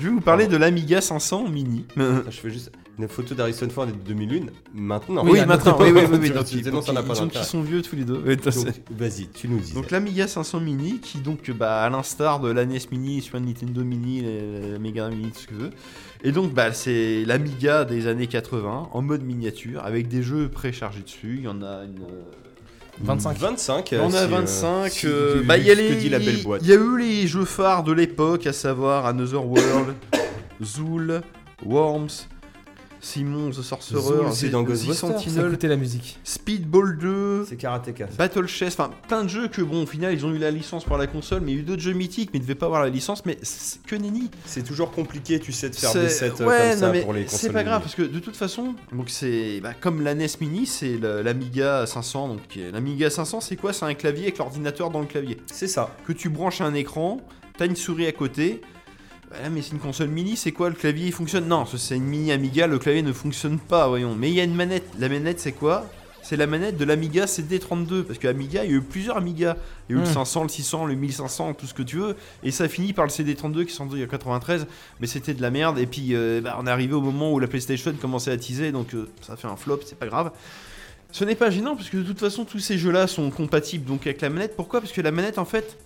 Speaker 3: je vais vous parler de l'Amiga 500 mini.
Speaker 1: Attends, je fais juste une photo d'Harrison Ford et de 2001 maintenant.
Speaker 3: oui,
Speaker 2: à notre
Speaker 3: maintenant.
Speaker 2: époque.
Speaker 3: Oui, oui, oui, oui,
Speaker 1: Tu
Speaker 3: donc,
Speaker 1: disais,
Speaker 3: ils-
Speaker 1: non, ça n'a pas
Speaker 3: ils sont-
Speaker 1: d'intérêt.
Speaker 3: ils sont vieux tous les deux. Oui, tout à fait.
Speaker 1: Donc, vas-y, tu nous dis.
Speaker 3: Donc l'Amiga 500 Mini, qui donc, euh, bah, à l'instar de la NES Mini, Super Nintendo Mini, la- la Mega Mini, tout ce que tu veux. Et donc, bah, c'est l'Amiga des années 80, en mode miniature, avec des jeux préchargés dessus. Il y en a une... euh,
Speaker 2: 25.
Speaker 1: 25.
Speaker 3: Il y en a
Speaker 1: si, euh,
Speaker 3: 25.
Speaker 1: si
Speaker 3: euh,
Speaker 1: tu-
Speaker 3: bah, il y a
Speaker 1: ce que
Speaker 3: les-
Speaker 1: dit la belle boîte.
Speaker 3: Il y a eu les jeux phares de l'époque, à savoir Another World, Zool, Worms, Simon the Sorcerer,
Speaker 1: Zool, c'est dans
Speaker 3: The
Speaker 1: Ghostbusters,
Speaker 2: Sans
Speaker 3: Sentinel,
Speaker 2: écouter la musique.
Speaker 3: Speedball 2, jeux,
Speaker 1: C'est karatéka. ça.
Speaker 3: Battle Chess, enfin plein de jeux que bon au final ils ont eu la licence pour la console, mais il y a eu d'autres jeux mythiques mais ils devaient pas avoir la licence, mais c'est que nenni.
Speaker 1: C'est toujours compliqué, tu sais, de faire
Speaker 3: C'est-
Speaker 1: des sets euh,
Speaker 3: ouais,
Speaker 1: comme
Speaker 3: non,
Speaker 1: ça
Speaker 3: mais
Speaker 1: pour les consoles.
Speaker 3: C'est pas grave parce
Speaker 1: mini.
Speaker 3: que de toute façon, donc c'est bah, comme la NES Mini, c'est le- l'Amiga 500. Donc euh, l'Amiga 500, c'est quoi C'est un clavier avec l'ordinateur dans le clavier
Speaker 1: C'est ça.
Speaker 3: que tu branches à un écran, t'as une souris à côté. Bah là, mais c'est une console mini, c'est quoi Le clavier il fonctionne Non, ce- c'est une mini Amiga, le clavier ne fonctionne pas, voyons. Mais il y a une manette. La manette, c'est quoi C'est la manette de l'Amiga CD32. Parce que Amiga, il y a eu plusieurs Amiga. Il y a eu
Speaker 2: Hmm.
Speaker 3: le 500, le 600, le 1500, tout ce que tu veux. Et ça finit par le CD32 qui est sorti en 93. Mais c'était de la merde. Et puis, euh, bah, on est arrivé au moment où la PlayStation commençait à teaser. Donc, euh, ça fait un flop, c'est pas grave. Ce n'est pas gênant parce que de toute façon tous ces jeux-là sont compatibles donc avec la manette. Pourquoi Parce que la manette en fait,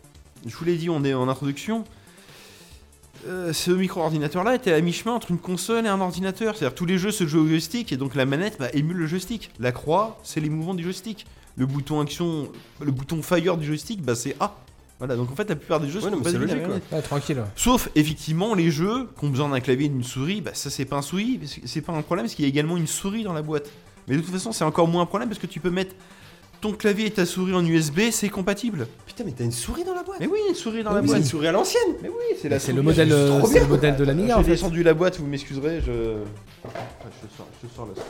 Speaker 3: je vous l'ai dit, on est en introduction. euh, ce micro-ordinateur-là était à mi-chemin entre une console et un ordinateur. C'est-à-dire tous les jeux se jouent au joystick et donc la manette bah, émule le joystick. La croix, c'est les mouvements du joystick. Le bouton action, le bouton fire du joystick, bah, c'est A. Voilà, donc en fait la plupart des jeux
Speaker 1: Ouais, non,
Speaker 3: sont
Speaker 1: mais c'est
Speaker 3: compatibles avec la
Speaker 1: logique, quoi.
Speaker 3: manette.
Speaker 2: Ouais, tranquille. ouais.
Speaker 3: Sauf effectivement les jeux qui ont besoin d'un clavier et d'une souris, bah ça c'est pas un souris, parce que- c'est pas un problème parce qu'il y a également une souris dans la boîte. Mais de toute façon c'est encore moins un problème parce que tu peux mettre ton clavier et ta souris en USB, c'est compatible.
Speaker 1: Putain, mais t'as une souris dans la boîte
Speaker 3: Mais oui, une souris dans
Speaker 2: Oui,
Speaker 3: la
Speaker 2: oui.
Speaker 1: C'est
Speaker 3: boîte.
Speaker 1: une souris à l'ancienne
Speaker 3: Mais oui, c'est la
Speaker 2: C'est
Speaker 3: souris.
Speaker 2: le modèle, euh,
Speaker 1: trop
Speaker 2: c'est
Speaker 1: bien.
Speaker 2: le modèle de la
Speaker 3: J'ai
Speaker 2: Mega en fait.
Speaker 3: descendu la boîte, vous m'excuserez, je... Ah, je, te sors, je te sors la souris.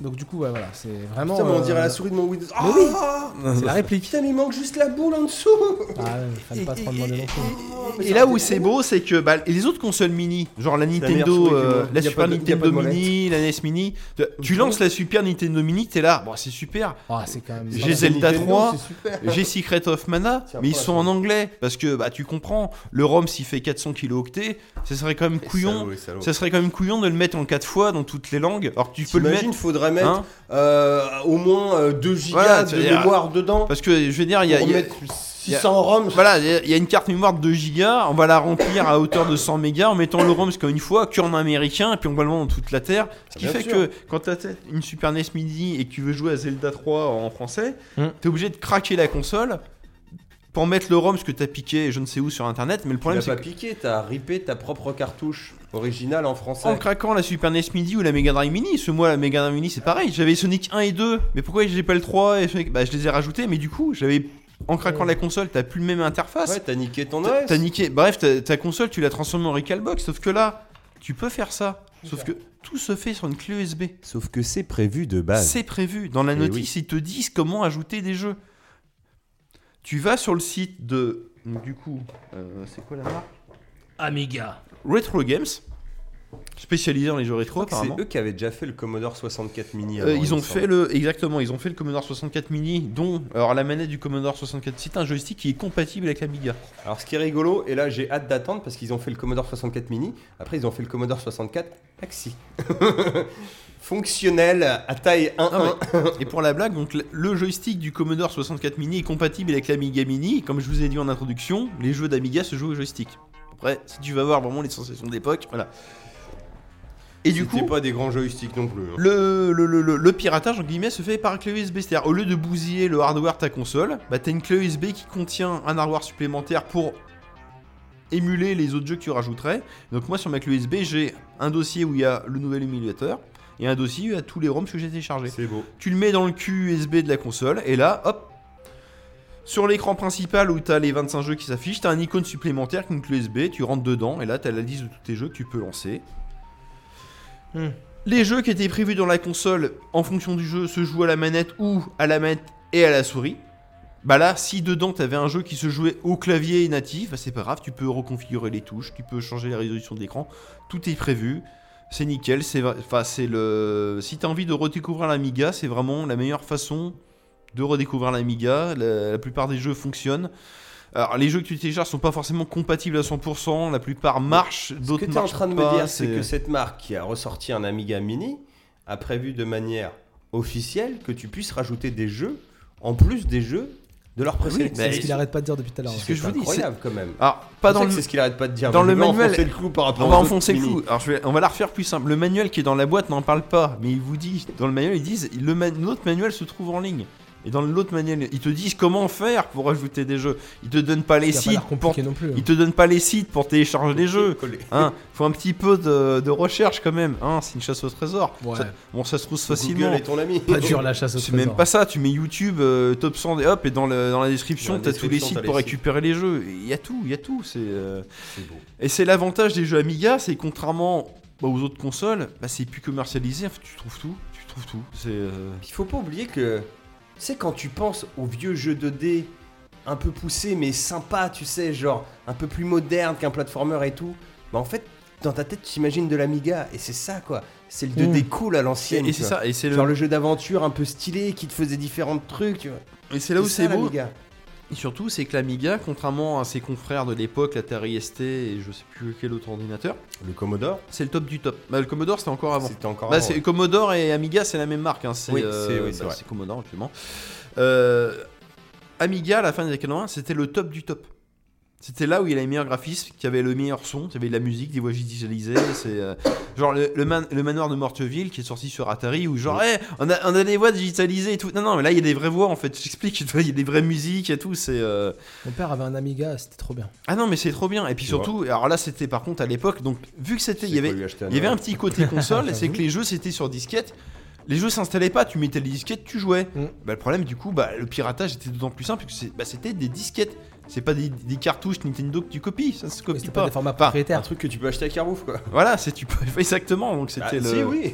Speaker 2: Donc du coup, ouais, voilà, c'est vraiment.
Speaker 1: Putain, mais on
Speaker 2: euh,
Speaker 1: dirait la souris de mon Windows.
Speaker 2: Mais oui.
Speaker 1: Ah
Speaker 2: C'est la réplique.
Speaker 1: Putain, mais il manque juste la boule en dessous Oh,
Speaker 2: Ah, ouais, fallait pas trop demander non plus.
Speaker 3: Et là où c'est beau, c'est que bah, les autres consoles mini, genre la
Speaker 1: la meilleure souris
Speaker 3: Nintendo,
Speaker 1: du
Speaker 3: euh,
Speaker 1: monde.
Speaker 3: la
Speaker 1: Y a
Speaker 3: Super
Speaker 1: pas de- y a pas
Speaker 3: Nintendo
Speaker 1: de molette.
Speaker 3: Mini, la NES Mini, tu- tu lances la Super Nintendo Mini, t'es là, bon c'est super,
Speaker 2: Ah, c'est quand même.
Speaker 3: J'ai Zelda 3, j'ai Secret of Mana, mais ils sont en anglais parce que bah tu comprends, le ROM s'il fait 400 kilooctets, ce serait quand même couillon. Ça serait quand même couillon de le mettre en 4 fois dans toutes les langues. Alors que tu peux le mettre
Speaker 1: T'imagines, faudrait mettre
Speaker 3: hein,
Speaker 1: euh, au moins euh, 2
Speaker 3: Voilà,
Speaker 1: gigas de
Speaker 3: c'est-à-dire-
Speaker 1: mémoire dedans.
Speaker 3: parce que je veux dire il y a,
Speaker 1: pour
Speaker 3: il y a-
Speaker 1: mettre 600 ROM.
Speaker 3: voilà, il y a- il y a une carte mémoire de 2 gigas, on va la remplir à hauteur de 100 mégas en mettant le ROM qu'une fois que en américain et puis on va le vendre dans toute la terre, ce qui
Speaker 1: Bien
Speaker 3: fait
Speaker 1: sûr.
Speaker 3: que quand t'as peut-être une Super NES Mini et que tu veux jouer à Zelda 3 en français,
Speaker 2: Hmm.
Speaker 3: t'es obligé de craquer la console pour mettre le ROM ce que t'as piqué je ne sais où sur internet, mais le
Speaker 1: Tu
Speaker 3: problème
Speaker 1: l'as
Speaker 3: c'est
Speaker 1: pas
Speaker 3: que
Speaker 1: piqué, t'as ripé ta propre cartouche originale en
Speaker 3: en
Speaker 1: français.
Speaker 3: craquant la Super NES Mini ou la Mega Drive Mini, ce mois la Mega Drive Mini c'est pareil, j'avais Sonic 1 et 2, mais pourquoi j'ai pas le 3 et Sonic- bah, je les ai rajoutés, mais du coup j'avais en craquant la console t'as plus le même interface,
Speaker 1: Ouais, t'as niqué ton
Speaker 3: T'as-
Speaker 1: OS.
Speaker 3: T'as niqué. Bref, ta, ta console, tu l'as transformée en Recalbox. Sauf que là, tu peux faire ça. Sauf que tout se fait sur une clé USB.
Speaker 1: Sauf que c'est prévu de base.
Speaker 3: C'est prévu. Dans la
Speaker 1: Ah. Eh
Speaker 3: notice, ils te disent comment ajouter des jeux. Tu vas sur le site de. donc, Du coup, euh, c'est quoi la marque
Speaker 10: Amiga.
Speaker 3: Retro Games, spécialisé dans les jeux rétro, apparemment.
Speaker 1: C'est eux qui avaient déjà fait le Commodore 64 mini.
Speaker 3: Euh,
Speaker 1: avant, il
Speaker 3: ils ont
Speaker 1: me semble.
Speaker 3: fait le exactement, ils ont fait le Commodore 64 mini, dont alors la manette du Commodore 64 c'est un joystick qui est compatible avec l'Amiga.
Speaker 1: Alors ce qui est rigolo, et là j'ai hâte d'attendre parce qu'ils ont fait le Commodore 64 mini, après ils ont fait le Commodore 64 Maxi. Fonctionnel à taille 1
Speaker 3: Non, Ah, mais- et pour la blague, donc le- le joystick du Commodore 64 mini est compatible avec l'Amiga Mini. Et Comme je vous ai dit en introduction, les jeux d'Amiga se jouent au joystick. Après, si tu vas voir vraiment les sensations d'époque, voilà. Et du coup,
Speaker 1: pas des grands joysticks non plus. hein.
Speaker 3: le, le, le, le- le piratage, en guillemets, se fait par clé USB. C'est-à-dire, au lieu de bousiller le hardware de ta console, bah, t'as une clé USB qui contient un hardware supplémentaire pour émuler les autres jeux que tu rajouterais. Donc, moi, sur ma clé USB, j'ai un dossier où il y a le nouvel émulateur et un dossier où il y a tous les ROMs que j'ai téléchargés
Speaker 1: C'est beau.
Speaker 3: tu le mets dans le cul USB de la console, et là, hop, sur l'écran principal où t'as les 25 jeux qui s'affichent, t'as un icône supplémentaire qui est une clé USB, tu rentres dedans, et là, t'as la liste de tous tes jeux que tu peux lancer.
Speaker 2: Hmm.
Speaker 3: Les jeux qui étaient prévus dans la console, en fonction du jeu, se jouent à la manette ou à la manette et à la souris. Bah là, si dedans t'avais un jeu qui se jouait au clavier natif, bah c'est pas grave, tu peux reconfigurer les touches, tu peux changer la résolution de l'écran, tout est prévu. C'est nickel, c'est va- enfin c'est le si t'as envie de redécouvrir l'Amiga, c'est vraiment la meilleure façon de redécouvrir l'Amiga. La, la plupart des jeux fonctionnent. Alors les jeux que tu télécharges sont pas forcément compatibles à 100%, la plupart marchent,
Speaker 1: Ce que
Speaker 3: d'autres
Speaker 1: tu es en
Speaker 3: marchent
Speaker 1: train de
Speaker 3: pas,
Speaker 1: me dire, c'est que cette marque qui a ressorti un Amiga mini a prévu de manière officielle que tu puisses rajouter des jeux en plus des jeux de
Speaker 3: Ah
Speaker 1: leur présélection.
Speaker 2: Ah C'est ce
Speaker 3: ils
Speaker 2: qu'il
Speaker 3: sont-
Speaker 2: arrête pas de dire depuis tout à l'heure.
Speaker 3: c'est ce
Speaker 1: C'est
Speaker 3: que je vous dis,
Speaker 1: incroyable quand même.
Speaker 3: Alors pas
Speaker 1: Je
Speaker 3: dans
Speaker 1: sais
Speaker 3: le
Speaker 1: que c'est ce qu'il arrête pas de dire.
Speaker 3: dans
Speaker 1: mais
Speaker 3: le
Speaker 1: je vais
Speaker 3: manuel-
Speaker 1: enfoncer le clou par rapport
Speaker 3: On va
Speaker 1: aux autres
Speaker 3: enfoncer le
Speaker 1: mini.
Speaker 3: clou. Alors, je vais- on va la refaire plus simple. Le manuel qui est dans la boîte n'en parle pas, mais il vous dit, dans le manuel, ils disent, le man- notre manuel se trouve en ligne. Et dans l'autre manuel, ils te disent comment faire pour ajouter des jeux. Ils te donnent pas
Speaker 2: Ça a
Speaker 3: les
Speaker 2: pas
Speaker 3: sites
Speaker 2: l'air
Speaker 3: pour
Speaker 2: compliqué non plus. hein.
Speaker 3: Ils te donnent pas les sites pour télécharger les jeux.
Speaker 1: Collé.
Speaker 3: Hein, faut un petit peu de, de recherche quand même. Hein, c'est une chasse au trésor.
Speaker 2: Ouais.
Speaker 3: Ça, bon, ça se trouve
Speaker 1: Google
Speaker 3: facilement.
Speaker 1: est ton ami.
Speaker 2: Pas dur la chasse au
Speaker 3: C'est
Speaker 2: trésor.
Speaker 3: même pas ça. Tu mets YouTube, euh, top 100 et hop, et dans, le- dans la description,
Speaker 1: Dans la
Speaker 3: t'as tous les
Speaker 1: description,
Speaker 3: sites
Speaker 1: t'as les
Speaker 3: pour
Speaker 1: sites.
Speaker 3: récupérer les jeux. Il y a tout, il y a tout. C'est euh,
Speaker 1: C'est beau.
Speaker 3: et c'est l'avantage des jeux Amiga, c'est que contrairement bah, aux autres consoles, bah, c'est plus commercialisé. En fait, tu trouves tout, tu trouves tout. C'est euh,
Speaker 1: Il faut pas oublier que, tu sais, quand tu penses aux vieux jeux 2D un peu poussés mais sympa, tu sais, genre un peu plus moderne qu'un platformer et tout, bah en fait, dans ta tête, tu imagines de l'Amiga et c'est ça quoi. C'est le 2D cool à l'ancienne.
Speaker 3: Hmm. et
Speaker 1: tu
Speaker 3: c'est
Speaker 1: vois.
Speaker 3: ça. Et c'est le-
Speaker 1: Genre le jeu d'aventure un peu stylé qui te faisait différents trucs, tu vois.
Speaker 3: et c'est là où
Speaker 1: ça,
Speaker 3: c'est beau.
Speaker 1: l'Amiga.
Speaker 3: Et surtout, c'est que l'Amiga, contrairement à ses confrères de l'époque, l'Atari ST et je sais plus quel autre ordinateur,
Speaker 11: Le Commodore
Speaker 3: c'est le top du top. Bah, le Commodore, c'était encore avant.
Speaker 11: C'était encore
Speaker 3: Bah,
Speaker 11: avant,
Speaker 3: c'est-
Speaker 11: ouais.
Speaker 3: Commodore et Amiga, c'est la même marque. hein, C'est
Speaker 11: Oui,
Speaker 3: euh,
Speaker 11: c'est- oui,
Speaker 3: bah,
Speaker 11: c'est vrai.
Speaker 3: c'est Commodore, justement. Euh, Amiga, à la fin des années 80, c'était le top du top. C'était là où il y avait les meilleurs graphismes, qui avait le meilleur son, qui avait de la musique, des voix digitalisées. C'est euh, genre le, le man- le manoir de Morteville qui est sorti sur Atari où genre Eh, on, a, on a des voix digitalisées et tout. Non non, mais là il y a des vraies voix en fait. J'explique, il y a des vraies musiques et tout. C'est euh,
Speaker 2: Mon père avait un Amiga, c'était trop bien.
Speaker 3: ah non mais c'est trop bien. Et puis
Speaker 11: Tu
Speaker 3: surtout, alors là c'était par contre à l'époque donc vu que c'était
Speaker 11: C'est
Speaker 3: il y avait
Speaker 11: quoi, lui acheter
Speaker 3: il y avait un
Speaker 11: Noël
Speaker 3: petit côté console, c'est que les jeux c'était sur disquette. Les jeux s'installaient pas, tu mettais les disquettes, tu jouais.
Speaker 2: Mm.
Speaker 3: Bah, le problème du coup, bah, le piratage était d'autant plus simple que c'est- bah, c'était des disquettes. C'est pas des, des cartouches Nintendo que tu copies, ça se
Speaker 2: Mais
Speaker 3: copie
Speaker 2: C'était
Speaker 3: pas.
Speaker 2: pas des formats
Speaker 3: Enfin,
Speaker 2: propriétaires.
Speaker 1: Un truc que tu peux acheter à Carbouf quoi.
Speaker 3: Voilà, c'est tu peux- exactement. Donc c'était
Speaker 1: Ah,
Speaker 3: le.
Speaker 1: Si, oui.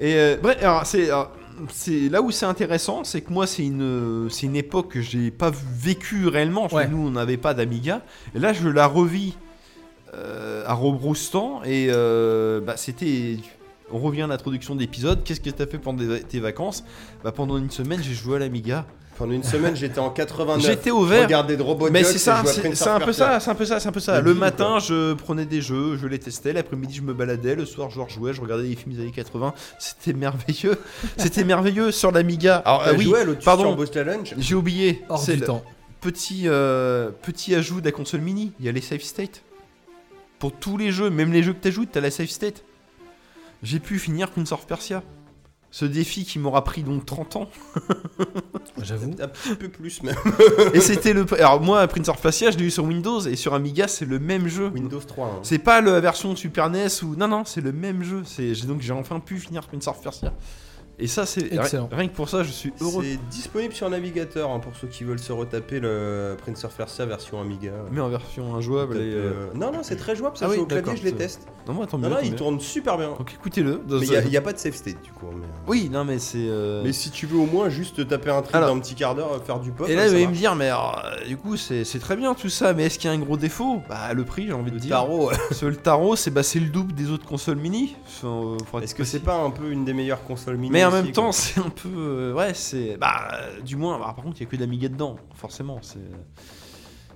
Speaker 3: Et euh, bref, alors, c'est alors, c'est là où c'est intéressant, c'est que moi c'est une euh, c'est une époque que j'ai pas vécue réellement. Parce
Speaker 2: Ouais.
Speaker 3: que nous on n'avait pas d'Amiga. Et là je la revis euh, à Rebroustan et euh, bah, c'était. On revient à l'introduction de l'épisode. Qu'est-ce que t'as fait pendant des- tes vacances Bah pendant une semaine j'ai joué à l'Amiga.
Speaker 1: Pendant une semaine, j'étais en 89.
Speaker 3: J'étais au vert.
Speaker 1: Regardais de robots
Speaker 3: Mais c'est ça, c'est c'est un peu ça, c'est un peu ça, c'est un peu ça.
Speaker 1: La
Speaker 3: Le
Speaker 1: vie,
Speaker 3: matin, je prenais des jeux, je les testais. L'après-midi, je me baladais. Le soir, je rejouais, je regardais des films des années 80. C'était merveilleux. C'était merveilleux sur l'Amiga. Alors euh,
Speaker 1: Ah
Speaker 3: oui,
Speaker 1: oui, l'autre
Speaker 3: pardon.
Speaker 1: pardon. Challenge.
Speaker 3: j'ai oublié.
Speaker 2: Hors
Speaker 3: C'est
Speaker 2: du
Speaker 3: le
Speaker 2: temps.
Speaker 3: Petit euh, petit ajout de la console mini. Il y a les save states pour tous les jeux, même les jeux que t'ajoutes, t'as la save state. J'ai pu finir Prince of Persia. Ce défi qui m'aura pris donc 30 ans.
Speaker 2: J'avoue.
Speaker 1: Un petit peu plus même.
Speaker 3: Et c'était le. Alors moi, Prince of Persia, je l'ai eu sur Windows et sur Amiga, c'est le même jeu.
Speaker 1: Windows 3. hein.
Speaker 3: C'est pas la version Super NES ou non non, c'est le même jeu. C'est j'ai- donc j'ai enfin pu finir Prince of Persia. Et ça c'est
Speaker 2: Excellent.
Speaker 3: rien que pour ça je suis heureux.
Speaker 1: C'est disponible sur navigateur hein, pour ceux qui veulent se retaper le Prince of Persia version Amiga.
Speaker 3: Mais en version injouable et euh,
Speaker 1: Euh, Non, non, c'est très jouable, ça
Speaker 3: Ah
Speaker 1: joue
Speaker 3: oui,
Speaker 1: au clavier,
Speaker 3: d'accord,
Speaker 1: je les
Speaker 3: c'est-
Speaker 1: teste.
Speaker 3: non moi tant mieux,
Speaker 1: Non, non,
Speaker 3: tant
Speaker 1: ils
Speaker 3: mieux.
Speaker 1: tournent super bien.
Speaker 3: Donc écoutez-le. Dans-
Speaker 1: Ah, Mais il n'y a, pas de save state du coup. mais, euh,
Speaker 3: Oui, non mais c'est euh,
Speaker 1: Mais si tu veux au moins juste taper un trip
Speaker 3: Alors-
Speaker 1: d'un petit quart d'heure, euh, faire du pop.
Speaker 3: Et
Speaker 1: hein,
Speaker 3: là,
Speaker 1: ça
Speaker 3: vous allez me
Speaker 1: marche.
Speaker 3: dire, mais alors, euh, du coup, c'est c'est très bien tout ça, mais est-ce qu'il y a un gros défaut Bah, le prix, j'ai envie de
Speaker 1: le
Speaker 3: dire.
Speaker 1: tarot. euh,
Speaker 3: Parce que le tarot, c'est bah, c'est le double des autres consoles mini. Enfin, euh, faut être
Speaker 1: Est-ce que
Speaker 3: précis.
Speaker 1: c'est pas un peu une des meilleures consoles mini
Speaker 3: Mais en
Speaker 1: aussi,
Speaker 3: même
Speaker 1: quoi
Speaker 3: temps, c'est un peu. euh, ouais, c'est. Bah, euh, du moins, bah, par contre, il n'y a que de l'Amiga dedans, forcément. c'est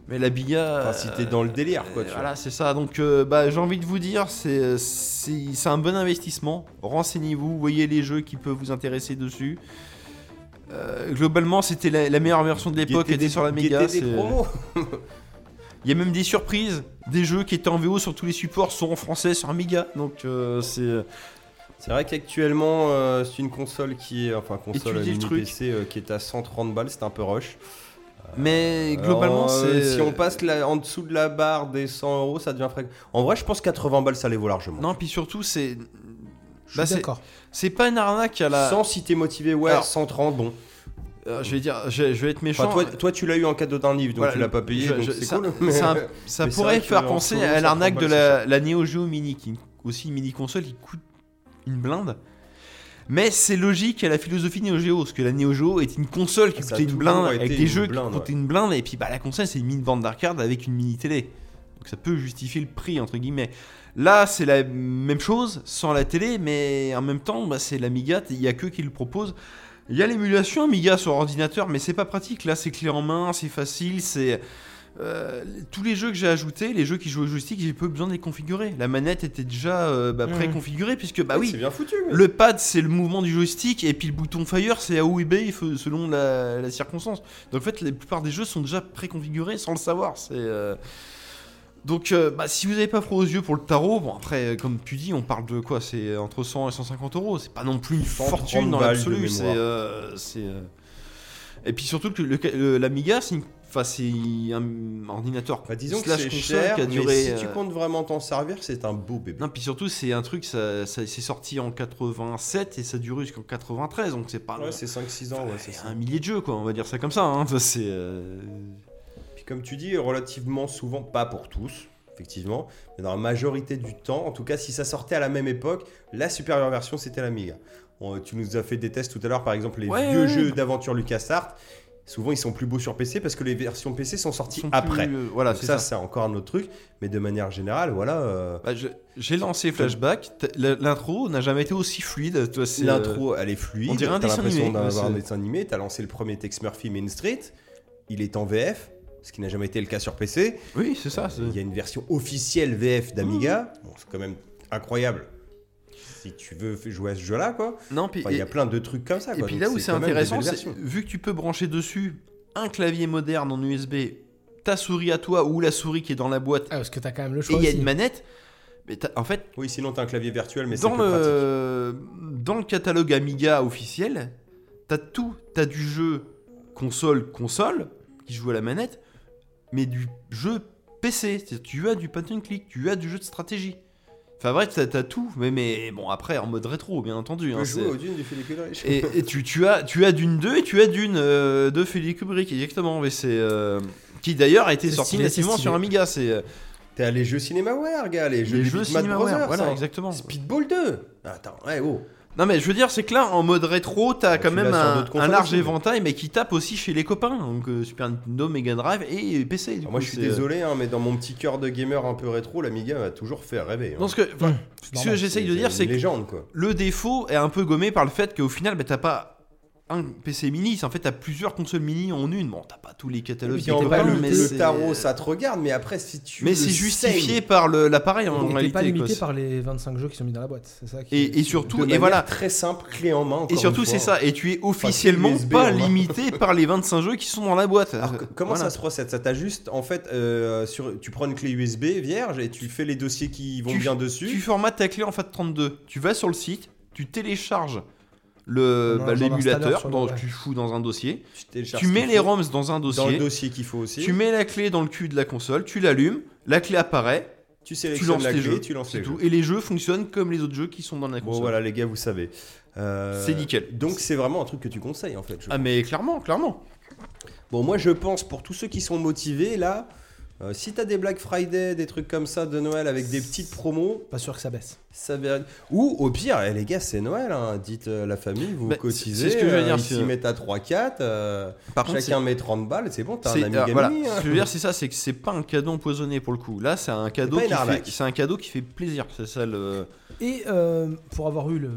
Speaker 3: Mais l'Amiga.
Speaker 1: Enfin, si t'es
Speaker 3: euh,
Speaker 1: dans le délire, quoi.
Speaker 3: euh,
Speaker 1: tu vois.
Speaker 3: voilà, c'est ça. Donc, euh, bah, j'ai envie de vous dire, c'est euh, c'est c'est un bon investissement. Renseignez-vous, voyez les jeux qui peuvent vous intéresser dessus. Euh, globalement, c'était la, la meilleure version de l'époque,
Speaker 1: Guetter
Speaker 3: était
Speaker 1: des-
Speaker 3: sur l'Amiga.
Speaker 1: guetter des
Speaker 3: c'est-
Speaker 1: promos.
Speaker 3: Il y a même des surprises, des jeux qui étaient en VO sur tous les supports sont en français sur Amiga. Donc, euh, c'est
Speaker 1: C'est vrai qu'actuellement, euh, c'est une console qui est. Enfin, console
Speaker 3: Étudiez le
Speaker 1: mini
Speaker 3: truc.
Speaker 1: PC euh, qui est à 130 balles, c'est un peu rush.
Speaker 3: mais globalement,
Speaker 1: Alors, euh,
Speaker 3: c'est
Speaker 1: Si on passe la- en dessous de la barre des 100 euros, ça devient frais. En vrai, je pense 80 balles, ça les vaut largement.
Speaker 3: Non, puis surtout, c'est
Speaker 2: Je suis
Speaker 3: Bah, c'est-
Speaker 2: d'accord.
Speaker 3: C'est pas une arnaque à la.
Speaker 1: 100 si t'es motivé, ouais,
Speaker 3: Alors-
Speaker 1: 130, bon.
Speaker 3: Euh, je vais dire, je, je vais être méchant.
Speaker 1: Enfin, toi, toi, tu l'as eu en cadeau d'un livre, donc
Speaker 3: Voilà,
Speaker 1: tu l'as pas payé,
Speaker 3: je-
Speaker 1: donc
Speaker 3: je-
Speaker 1: c'est
Speaker 3: ça-
Speaker 1: cool.
Speaker 3: ça, ça
Speaker 1: Mais c'est
Speaker 3: pourrait
Speaker 1: vrai que
Speaker 3: faire
Speaker 1: en
Speaker 3: penser
Speaker 1: solo,
Speaker 3: à
Speaker 1: ça
Speaker 3: l'arnaque
Speaker 1: prend
Speaker 3: de
Speaker 1: pas
Speaker 3: la, la Neo Geo Mini, qui est aussi une mini console qui coûte une blinde. Mais c'est logique à la philosophie Neo Geo, parce que la Neo Geo est une console qui
Speaker 1: Ça a
Speaker 3: coûtait une
Speaker 1: toujours
Speaker 3: blinde,
Speaker 1: été
Speaker 3: avec des
Speaker 1: une
Speaker 3: jeux
Speaker 1: blinde,
Speaker 3: qui coûtaient une blinde, et puis bah, la console c'est une mini bande d'arcade avec une mini télé. Donc ça peut justifier le prix, entre guillemets. Là, c'est la même chose, sans la télé, mais en même temps, bah, c'est l'Amiga, il y a que qui le propose. Il y a l'émulation Amiga sur ordinateur, mais c'est pas pratique. Là, c'est clé en main, c'est facile, c'est. euh, tous les jeux que j'ai ajoutés, les jeux qui jouent au joystick, j'ai peu besoin de les configurer. La manette était déjà euh, bah,
Speaker 2: Mhm.
Speaker 3: préconfigurée, puisque, bah
Speaker 1: C'est
Speaker 3: oui,
Speaker 1: bien foutu. mais-
Speaker 3: le pad c'est le mouvement du joystick, et puis le bouton fire c'est A ou B f- selon la, la circonstance. Donc en fait, la plupart des jeux sont déjà préconfigurés sans le savoir. C'est. euh, Donc, euh, bah, si vous n'avez pas froid aux yeux pour le tarot, bon après, euh, comme tu dis, on parle de quoi C'est entre 100 et 150 euros. C'est pas non plus une
Speaker 1: 130
Speaker 3: fortune dans
Speaker 1: balles de
Speaker 3: l'absolu. C'est,
Speaker 1: mémoire.
Speaker 3: euh, c'est, euh, Et puis surtout que le- le- l'Amiga, c'est une- enfin, c'est un ordinateur
Speaker 1: Bah, disons que
Speaker 3: slash
Speaker 1: c'est
Speaker 3: console
Speaker 1: cher,
Speaker 3: qui a
Speaker 1: mais
Speaker 3: duré.
Speaker 1: si tu
Speaker 3: euh,
Speaker 1: comptes vraiment t'en servir, c'est un beau bébé.
Speaker 3: Non, puis surtout, c'est un truc, ça, ça- c'est sorti en 87 et ça dure jusqu'en 93, donc c'est pas.
Speaker 1: Ouais, c'est 5-6 ans, ouais, c'est ça.
Speaker 3: un millier de jeux, quoi, on va dire ça comme ça. hein, ça, c'est. euh,
Speaker 1: Puis comme tu dis, relativement souvent, pas pour tous, effectivement, mais dans la majorité du temps, en tout cas si ça sortait à la même époque, la supérieure version c'était l'Amiga. On- Tu nous as fait des tests tout à l'heure, par exemple les
Speaker 3: Ouais,
Speaker 1: vieux
Speaker 3: ouais,
Speaker 1: jeux d'aventure LucasArts, souvent ils sont plus beaux sur PC parce que les versions PC sont sorties
Speaker 3: sont plus,
Speaker 1: après.
Speaker 3: euh, voilà,
Speaker 1: Donc
Speaker 3: c'est
Speaker 1: ça,
Speaker 3: ça.
Speaker 1: c'est encore un autre truc, mais de manière générale, voilà, euh,
Speaker 3: Bah, je- J'ai lancé Flashback, t- la- l'intro n'a jamais été aussi fluide. Toi, c'est, euh,
Speaker 1: l'intro elle est
Speaker 3: on
Speaker 1: fluide,
Speaker 3: dirait un
Speaker 1: t'as
Speaker 3: dessin
Speaker 1: l'impression
Speaker 3: animé, quoi,
Speaker 1: d'avoir un
Speaker 3: c'est-
Speaker 1: dessin animé, t'as lancé le premier Tex Murphy Main Street, il est en VF, ce qui n'a jamais été le cas sur PC,
Speaker 3: Oui, c'est ça. c'est-
Speaker 1: Il y a une version officielle VF d'Amiga. Bon, c'est quand même incroyable. Si tu veux f- jouer à ce jeu-là, quoi.
Speaker 3: Non, puis,
Speaker 1: Enfin, il y a
Speaker 3: et-
Speaker 1: plein de trucs comme ça.
Speaker 3: Et
Speaker 1: quoi.
Speaker 3: puis
Speaker 1: Donc,
Speaker 3: là où c'est
Speaker 1: quand même des
Speaker 3: intéressant,
Speaker 1: belles
Speaker 3: c'est
Speaker 1: versions.
Speaker 3: vu que tu peux brancher dessus un clavier moderne en USB, ta souris à toi ou la souris qui est dans la boîte,
Speaker 2: Ah, parce que t'as quand même le
Speaker 3: et
Speaker 2: choix.
Speaker 3: il y a
Speaker 2: aussi.
Speaker 3: une manette, mais t'as- en fait,
Speaker 1: Oui, sinon t'as un clavier virtuel, mais c'est
Speaker 3: dans
Speaker 1: plus pratique.
Speaker 3: le, dans le catalogue Amiga officiel, t'as tout. T'as du jeu console-console, qui joue à la manette, mais du jeu PC. C'est-à-dire, Tu as du pattern click, tu as du jeu de stratégie. Enfin bref, t'as t'as tout, mais, mais bon, après, en mode rétro, bien entendu.
Speaker 1: Tu
Speaker 3: hein,
Speaker 1: peux jouer
Speaker 3: c'est-
Speaker 1: aux dunes du Philippe Ulrich.
Speaker 3: et, et tu, tu as tu as d'une 2 et tu as d'une euh, de Philly Kubrick exactement mais c'est euh, qui d'ailleurs a été
Speaker 2: C'est
Speaker 3: sorti
Speaker 2: stylé,
Speaker 3: nativement
Speaker 2: c'est stylé.
Speaker 3: sur Amiga c'est euh,
Speaker 1: T'as les jeux Cinemaware, gars, les jeux,
Speaker 3: les
Speaker 1: du
Speaker 3: jeux
Speaker 1: Bitmap
Speaker 3: Cinemaware
Speaker 1: Brothers,
Speaker 3: voilà
Speaker 1: ça.
Speaker 3: exactement
Speaker 1: Speedball 2. Attends, ouais, oh.
Speaker 3: non mais je veux dire c'est que là en mode rétro t'as
Speaker 1: Ouais,
Speaker 3: quand
Speaker 1: tu
Speaker 3: même
Speaker 1: l'as sur
Speaker 3: un,
Speaker 1: d'autres
Speaker 3: un
Speaker 1: consoles
Speaker 3: large
Speaker 1: aussi, mais-
Speaker 3: éventail mais qui tape aussi chez les copains donc euh, Super Nintendo Mega Drive et PC du
Speaker 1: Alors moi,
Speaker 3: coup,
Speaker 1: je suis
Speaker 3: c'est, euh,
Speaker 1: désolé, hein, mais dans mon petit cœur de gamer un peu rétro, l'Amiga m'a toujours fait rêver. hein.
Speaker 3: non, ce que, enfin,
Speaker 2: Hum,
Speaker 3: ce
Speaker 2: c'est
Speaker 3: que
Speaker 2: normal,
Speaker 3: j'essaye de dire c'est
Speaker 1: une
Speaker 3: que
Speaker 1: légende, quoi.
Speaker 3: le défaut est un peu gommé par le fait qu'au final bah, t'as pas un PC mini c'est- en fait t'as plusieurs consoles mini en une bon t'as pas tous les catalogues
Speaker 1: Puis
Speaker 3: qui
Speaker 1: en
Speaker 3: te
Speaker 1: vrai,
Speaker 3: parlent,
Speaker 1: le,
Speaker 3: mais
Speaker 1: le
Speaker 3: c'est-
Speaker 1: tarot, ça te regarde, mais après, si tu.
Speaker 3: Mais
Speaker 1: le
Speaker 3: c'est justifié
Speaker 1: saignes
Speaker 3: par le- l'appareil en
Speaker 2: On n'était
Speaker 3: réalité.
Speaker 2: pas
Speaker 3: quoi.
Speaker 2: limité par les 25 jeux qui sont mis dans la boîte, c'est ça qui-
Speaker 3: Et, et
Speaker 1: de
Speaker 3: surtout, et
Speaker 1: manière
Speaker 3: voilà.
Speaker 1: Très simple, clé en main. encore
Speaker 3: Et
Speaker 1: une
Speaker 3: surtout,
Speaker 1: fois.
Speaker 3: c'est ça. Et tu es officiellement
Speaker 1: USB,
Speaker 3: pas
Speaker 1: on va.
Speaker 3: limité par les 25 jeux qui sont dans la boîte.
Speaker 1: Alors, que- comment ça se procède Ça t'a juste, en fait, euh, sur, tu prends une clé USB vierge et tu fais les dossiers qui vont
Speaker 3: Tu-
Speaker 1: bien
Speaker 3: Tu
Speaker 1: dessus.
Speaker 3: formates ta clé en FAT32. Tu vas sur le site, tu télécharges le
Speaker 2: Dans-
Speaker 3: bah,
Speaker 2: dans l'installateur
Speaker 3: l'émulateur,
Speaker 2: sur le-
Speaker 3: dans-
Speaker 2: ouais.
Speaker 3: tu fous dans un dossier.
Speaker 1: Tu, télécharges
Speaker 3: Tu
Speaker 1: ce
Speaker 3: mets
Speaker 1: qu'il
Speaker 3: les
Speaker 1: faut
Speaker 3: ROMs dans un
Speaker 1: dans le
Speaker 3: dossier.
Speaker 1: dossier qu'il faut aussi.
Speaker 3: Tu
Speaker 1: Tu,
Speaker 3: mets la clé dans le cul de la console, tu l'allumes, la clé apparaît, tu
Speaker 1: sélectionnes
Speaker 3: lances
Speaker 1: la
Speaker 3: tes
Speaker 1: clé,
Speaker 3: jeux.
Speaker 1: tu lances
Speaker 3: c'est
Speaker 1: les
Speaker 3: tout.
Speaker 1: jeux.
Speaker 3: Et les jeux fonctionnent comme les autres jeux qui sont dans la
Speaker 1: Bon,
Speaker 3: console.
Speaker 1: voilà, les gars, vous savez. Euh,
Speaker 3: C'est nickel.
Speaker 1: Donc, c'est vraiment un truc que tu conseilles, en fait. je
Speaker 3: Ah, mais clairement, clairement.
Speaker 1: Bon, moi je pense pour tous ceux qui sont motivés là, euh, si t'as des Black Friday, des trucs comme ça de Noël avec des petites promos,
Speaker 2: Pas sûr que ça baisse.
Speaker 1: ça va. Ou au pire, eh, les gars, c'est Noël, hein, dites euh, la famille, vous
Speaker 3: Bah,
Speaker 1: cotisez.
Speaker 3: c'est- c'est ce que je veux
Speaker 1: euh,
Speaker 3: dire,
Speaker 1: Ils
Speaker 3: c'est-
Speaker 1: s'y mettent à 3-4, euh,
Speaker 3: Par contre,
Speaker 1: chacun met 30 balles, c'est bon, t'as un
Speaker 3: C'est-
Speaker 1: ami
Speaker 3: ah,
Speaker 1: gamin,
Speaker 3: voilà.
Speaker 1: hein.
Speaker 3: Ce que je veux dire, c'est ça, c'est que c'est pas un cadeau empoisonné pour le coup. Là, c'est un cadeau
Speaker 1: pas une
Speaker 3: qui fait,
Speaker 1: arnaque.
Speaker 3: c'est un cadeau qui fait plaisir. C'est ça le.
Speaker 2: Et euh, pour avoir eu le-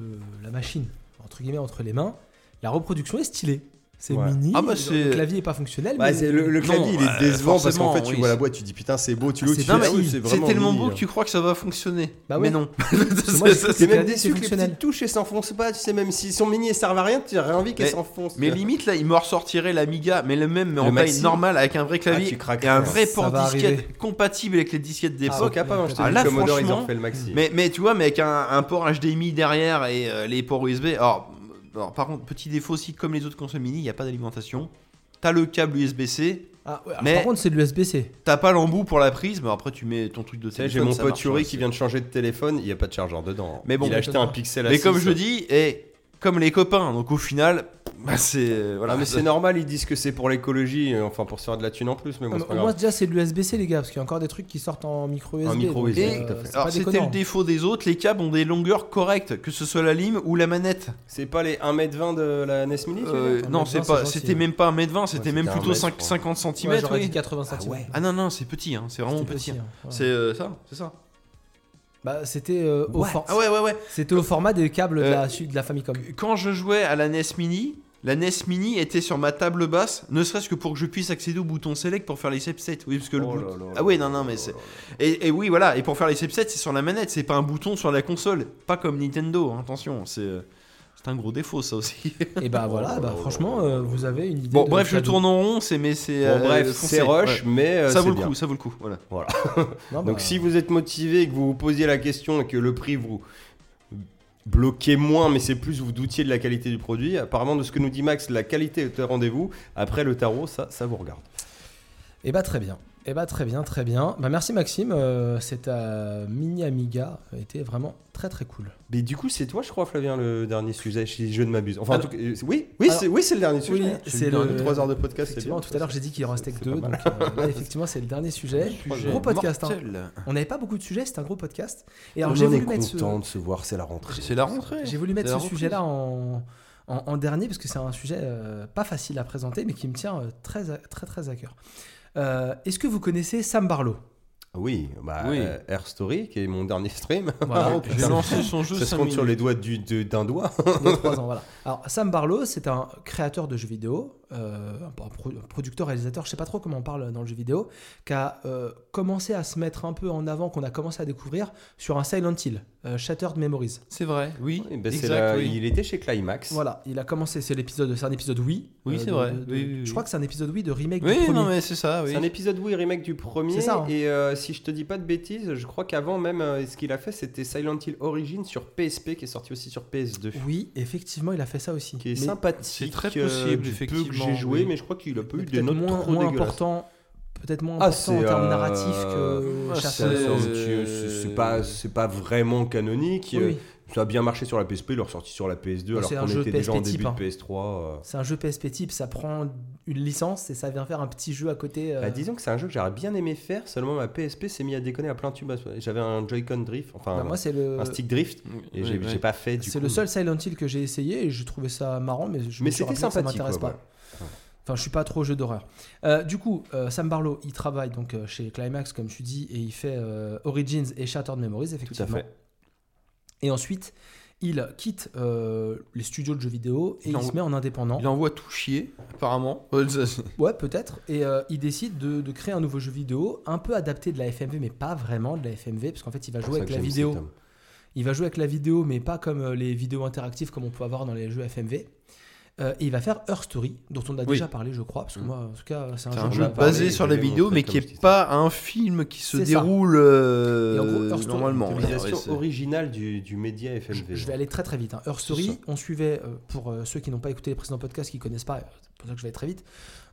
Speaker 2: la machine, entre guillemets, entre les mains, la reproduction est stylée. C'est
Speaker 1: Ouais.
Speaker 2: mini,
Speaker 3: Ah bah c'est-
Speaker 2: le clavier est pas fonctionnel,
Speaker 1: Bah,
Speaker 2: mais
Speaker 1: c'est le, le
Speaker 3: Non,
Speaker 1: clavier, il
Speaker 3: euh,
Speaker 1: est décevant parce
Speaker 3: forcément,
Speaker 1: qu'en fait, tu
Speaker 3: oui,
Speaker 1: vois la
Speaker 3: c'est-
Speaker 1: boîte, tu dis putain, c'est beau, tu
Speaker 2: Ah,
Speaker 1: l'ouvres,
Speaker 2: c'est
Speaker 1: tu fais,
Speaker 2: pas
Speaker 1: ah oui,
Speaker 2: facile.
Speaker 1: c'est
Speaker 3: C'est
Speaker 1: vraiment
Speaker 3: tellement
Speaker 1: mini,
Speaker 3: beau que
Speaker 1: hein.
Speaker 3: tu crois que ça va fonctionner.
Speaker 2: Bah
Speaker 3: Mais
Speaker 2: ouais.
Speaker 3: non.
Speaker 2: moi, je
Speaker 3: C'est-
Speaker 2: trouve
Speaker 3: c'est-
Speaker 1: T'es même
Speaker 2: C'est
Speaker 1: déçu que les
Speaker 2: fonctionnel.
Speaker 1: petites touches, elles s'enfoncent pas, tu sais, même si sont mini et servent à rien, tu aurais envie qu'elles
Speaker 3: Mais-
Speaker 1: s'enfoncent.
Speaker 3: mais
Speaker 1: tu vois.
Speaker 3: limite, là, il me ressortirait l'Amiga, mais le même, mais en
Speaker 1: Le
Speaker 3: taille
Speaker 1: Maxi.
Speaker 3: normale, avec un vrai
Speaker 1: Ah,
Speaker 3: clavier
Speaker 1: tu craques,
Speaker 3: et un
Speaker 1: hein.
Speaker 3: vrai
Speaker 2: Ça
Speaker 3: port
Speaker 2: va arriver.
Speaker 3: disquette compatible avec les disquettes
Speaker 1: Ils
Speaker 3: d'époque.
Speaker 1: sont capables, hein, je te
Speaker 3: Ah,
Speaker 1: dis,
Speaker 3: là,
Speaker 1: Commodore, ils en
Speaker 3: franchement,
Speaker 1: refait le maxi.
Speaker 3: Mais, mais tu vois, mais avec un, un port HDMI derrière et euh, les ports USB. Alors, alors, par contre, petit défaut aussi, comme les autres consoles mini, il n'y a pas d'alimentation. T'as le câble USB-C,
Speaker 2: Ah, ouais, alors,
Speaker 3: Mais-
Speaker 2: par contre c'est de l'USB-C.
Speaker 3: t'as pas l'embout pour la prise, mais après tu mets ton truc de
Speaker 1: Tu sais,
Speaker 3: téléphone.
Speaker 1: j'ai mon
Speaker 3: ça
Speaker 1: pote
Speaker 3: marche,
Speaker 1: Yuri
Speaker 3: ouais,
Speaker 1: qui
Speaker 3: c'est-
Speaker 1: vient de changer de téléphone, il n'y a pas de chargeur dedans.
Speaker 3: Mais bon,
Speaker 1: il a acheté un
Speaker 2: évidemment.
Speaker 1: Pixel
Speaker 3: Mais
Speaker 1: A6.
Speaker 3: comme je dis, et comme les copains, donc au final, bah, c'est euh, voilà.
Speaker 1: Ah, mais c'est normal, ils disent que c'est pour l'écologie, euh, enfin pour se faire de la thune en plus, mais bon, c'est pas
Speaker 2: moi
Speaker 1: grave.
Speaker 2: déjà c'est de l'USB-C les gars, parce qu'il y a encore des trucs qui sortent en micro USB.
Speaker 1: micro
Speaker 2: donc,
Speaker 1: USB,
Speaker 2: euh,
Speaker 1: tout à fait.
Speaker 2: c'est
Speaker 3: Alors
Speaker 2: pas
Speaker 3: c'était
Speaker 2: déconnant.
Speaker 3: le défaut des autres, les câbles ont des longueurs correctes, que ce soit la lime ou la manette.
Speaker 1: C'est pas les 1m20 de la NES Mini tu veux
Speaker 3: Euh,
Speaker 1: dire
Speaker 3: non,
Speaker 2: 1m20,
Speaker 3: c'est
Speaker 2: c'est
Speaker 3: pas,
Speaker 2: gentil,
Speaker 3: c'était
Speaker 2: ouais.
Speaker 3: même pas 1m20, c'était
Speaker 1: Ouais,
Speaker 3: même
Speaker 1: c'était
Speaker 3: plutôt
Speaker 1: 1m,
Speaker 3: 5,
Speaker 1: je crois.
Speaker 3: 50 cm.
Speaker 2: Ouais, j'aurais dit 80 centimes.
Speaker 3: Ah non, non, c'est petit, hein, c'est vraiment
Speaker 2: C'était
Speaker 3: petit.
Speaker 2: petit,
Speaker 3: hein.
Speaker 2: hein, voilà.
Speaker 3: C'est euh, ça, c'est ça.
Speaker 2: Bah, c'était euh, au, for-
Speaker 3: Ah ouais, ouais, ouais.
Speaker 2: c'était au format des câbles de,
Speaker 3: Euh,
Speaker 2: la, su- de la Famicom.
Speaker 3: Quand je jouais à la NES Mini, la NES Mini était sur ma table basse, ne serait-ce que pour que je puisse accéder au bouton Select pour faire les save-states. Oui, parce que le
Speaker 1: Oh
Speaker 3: bout-
Speaker 1: là là
Speaker 3: Ah oui, non, non, mais c'est. Et, et oui, voilà, et pour faire les save states c'est sur la manette, c'est pas un bouton sur la console. Pas comme Nintendo, hein, attention, c'est. euh, C'est un gros défaut, ça aussi.
Speaker 2: Et bah voilà, bah, franchement, euh, vous avez une idée.
Speaker 3: Bon,
Speaker 2: de
Speaker 3: bref, je
Speaker 2: cadeau.
Speaker 3: tourne en rond, c'est. Mais c'est
Speaker 1: Bon,
Speaker 3: euh,
Speaker 1: bref,
Speaker 3: foncé,
Speaker 1: c'est rush,
Speaker 3: ouais.
Speaker 1: mais euh,
Speaker 3: ça
Speaker 1: c'est
Speaker 3: vaut le
Speaker 1: bien.
Speaker 3: coup, ça vaut le coup, voilà.
Speaker 1: Voilà.
Speaker 2: Non, bah,
Speaker 1: Donc si vous êtes motivé et que vous vous posiez la question et que le prix vous bloqué moins, mais c'est plus vous doutiez de la qualité du produit. Apparemment, de ce que nous dit Max, la qualité est au rendez-vous. Après le tarot, ça, ça vous regarde.
Speaker 2: Eh bah très bien. Eh bah très bien, très bien. Bah merci Maxime, euh, c'est ta mini Amiga a été vraiment très très cool.
Speaker 1: Mais du coup, c'est toi, je crois, Flavien, le dernier sujet, si je ne m'abuse. Enfin, en tout cas, euh, oui, oui, c'est, oui, c'est le dernier sujet.
Speaker 2: c'est le-
Speaker 1: 3 heures de podcast, c'est bien.
Speaker 2: Effectivement, tout à l'heure j'ai dit qu'il en restait que
Speaker 1: C'est
Speaker 2: deux,
Speaker 1: pas
Speaker 2: donc
Speaker 1: mal.
Speaker 2: euh, là, effectivement c'est le dernier sujet.
Speaker 1: Sujet
Speaker 2: Gros podcast, hein.
Speaker 3: mortel.
Speaker 2: On n'avait pas beaucoup de sujets, c'était un gros podcast. Et
Speaker 1: On
Speaker 2: alors j'ai
Speaker 1: est
Speaker 2: voulu
Speaker 1: content
Speaker 2: mettre ce-
Speaker 1: de se voir, c'est la rentrée.
Speaker 3: C'est la rentrée.
Speaker 2: J'ai voulu mettre
Speaker 3: C'est la
Speaker 2: ce
Speaker 3: reprise.
Speaker 2: sujet-là en, en- en dernier parce que c'est un sujet euh, pas facile à présenter mais qui me tient euh, très à- très très à cœur. Euh, Est-ce que vous connaissez Sam Barlow
Speaker 1: Oui, bah,
Speaker 3: Oui.
Speaker 1: euh, Air Story, qui est mon dernier stream.
Speaker 2: Voilà.
Speaker 3: Ah, J'ai lancé son jeu
Speaker 1: ça se
Speaker 3: cinq
Speaker 1: compte sur
Speaker 3: minutes.
Speaker 1: les doigts du- de- d'un doigt.
Speaker 2: Il y a trois ans, voilà. Alors, Sam Barlow, c'est un créateur de jeux vidéo, euh, un pro- un producteur, réalisateur, je sais pas trop comment on parle dans le jeu vidéo, qui a euh, commencé à se mettre un peu en avant, qu'on a commencé à découvrir sur un Silent Hill, euh, Shattered Memories.
Speaker 3: C'est vrai, oui.
Speaker 1: Eh ben, c'est
Speaker 3: exact,
Speaker 1: la-
Speaker 3: oui.
Speaker 1: Il était chez Climax.
Speaker 2: Voilà, il a commencé, c'est l'épisode, c'est un épisode oui.
Speaker 3: Oui,
Speaker 2: euh,
Speaker 3: c'est
Speaker 2: de-
Speaker 3: vrai.
Speaker 2: de- de-
Speaker 3: Oui, oui, oui.
Speaker 2: Je crois que c'est un épisode oui de remake
Speaker 3: Oui,
Speaker 2: du premier.
Speaker 3: non, mais c'est ça, oui.
Speaker 1: C'est un épisode oui remake du premier
Speaker 2: C'est ça, hein.
Speaker 1: et euh, si je te dis pas de bêtises, je crois qu'avant même euh, ce qu'il a fait c'était Silent Hill Origin sur PSP qui est sorti aussi sur PS2
Speaker 2: Oui, effectivement, il a fait ça aussi.
Speaker 1: qui est
Speaker 2: Mais-
Speaker 1: sympathique.
Speaker 3: c'est très
Speaker 1: euh,
Speaker 3: possible,
Speaker 1: du peu que
Speaker 3: effectivement,
Speaker 1: j'ai joué
Speaker 3: oui.
Speaker 1: mais je crois qu'il a pas
Speaker 2: mais
Speaker 1: eu des
Speaker 2: peut-être
Speaker 1: notes
Speaker 2: moins,
Speaker 1: trop
Speaker 2: moins
Speaker 1: dégueulasses.
Speaker 2: important, peut-être moins
Speaker 1: Ah,
Speaker 2: important en
Speaker 1: c'est,
Speaker 2: termes
Speaker 1: euh,
Speaker 2: narratifs que
Speaker 3: ah,
Speaker 1: C'est-
Speaker 2: Shattered.
Speaker 1: c'est- c'est- c'est pas c'est pas vraiment canonique.
Speaker 3: euh,
Speaker 2: Oui, oui.
Speaker 1: Ça a bien marché sur la PSP, il est ressorti sur la PS2
Speaker 2: Bon,
Speaker 1: alors
Speaker 2: c'est un
Speaker 1: qu'on
Speaker 2: jeu
Speaker 1: était déjà en
Speaker 2: PSP
Speaker 1: début
Speaker 2: type, hein.
Speaker 1: de PS3. euh.
Speaker 2: C'est un jeu PSP type, ça prend une licence et ça vient faire un petit jeu à côté. euh,
Speaker 1: Bah, disons que c'est un jeu que j'aurais bien aimé faire, seulement ma PSP s'est mis à déconner à plein tube. J'avais un Joy-Con Drift, enfin
Speaker 2: bah, moi, c'est le,
Speaker 1: un stick drift, et j'ai j'ai pas fait du
Speaker 2: c'est
Speaker 1: coup.
Speaker 2: le seul Silent Hill que j'ai essayé et je trouvais ça marrant, mais je me
Speaker 1: Mais
Speaker 2: suis
Speaker 1: c'était
Speaker 2: rappelé que ça
Speaker 1: sympathique,
Speaker 2: m'intéresse
Speaker 1: quoi,
Speaker 2: pas. Enfin, je suis pas trop jeu d'horreur. Euh, du coup, euh, Sam Barlow, il travaille donc euh, chez Climax, comme tu dis, et il fait euh, Origins et Shattered Memories, effectivement.
Speaker 1: fait.
Speaker 2: Et ensuite, il quitte euh, les studios de jeux vidéo et
Speaker 3: Il
Speaker 2: il,
Speaker 3: en-
Speaker 2: se met en indépendant.
Speaker 3: Il envoie tout chier, apparemment. Ouais, ça, c'est-
Speaker 2: Ouais, peut-être. Et euh, il décide de, de créer un nouveau jeu vidéo, un peu adapté de la FMV, mais pas vraiment de la FMV, parce qu'en fait, il va
Speaker 1: C'est pour
Speaker 2: jouer
Speaker 1: ça
Speaker 2: avec
Speaker 1: que
Speaker 2: la
Speaker 1: j'aime cet
Speaker 2: vidéo.
Speaker 1: homme.
Speaker 2: Il va jouer avec la vidéo, mais pas comme euh, les vidéos interactives comme on peut avoir dans les jeux FMV. Euh, et il va faire Her Story, dont on a déjà parlé, je crois,
Speaker 1: Mm.
Speaker 2: parce que moi, en tout cas, c'est un
Speaker 3: C'est
Speaker 2: jeu.
Speaker 3: un
Speaker 2: qu'on
Speaker 3: jeu
Speaker 2: a
Speaker 1: parlé,
Speaker 3: basé
Speaker 1: je
Speaker 3: sur
Speaker 1: l'ai
Speaker 3: la vidéo,
Speaker 1: montré,
Speaker 3: mais
Speaker 1: comme
Speaker 3: qui
Speaker 1: je
Speaker 3: est
Speaker 1: disais.
Speaker 3: pas un film qui se
Speaker 2: C'est ça.
Speaker 3: déroule
Speaker 2: Et en gros,
Speaker 3: euh,
Speaker 2: Earth Story,
Speaker 3: normalement.
Speaker 1: L'utilisation
Speaker 3: Ouais, c'est-
Speaker 1: originale du, du média
Speaker 2: Je,
Speaker 1: FMV.
Speaker 2: je vais aller très très vite. Hein. Her
Speaker 3: C'est
Speaker 2: Story,
Speaker 3: ça.
Speaker 2: on suivait, euh, pour euh, ceux qui n'ont pas écouté les précédents podcasts, qui connaissent pas, euh, c'est pour ça que je vais aller très vite,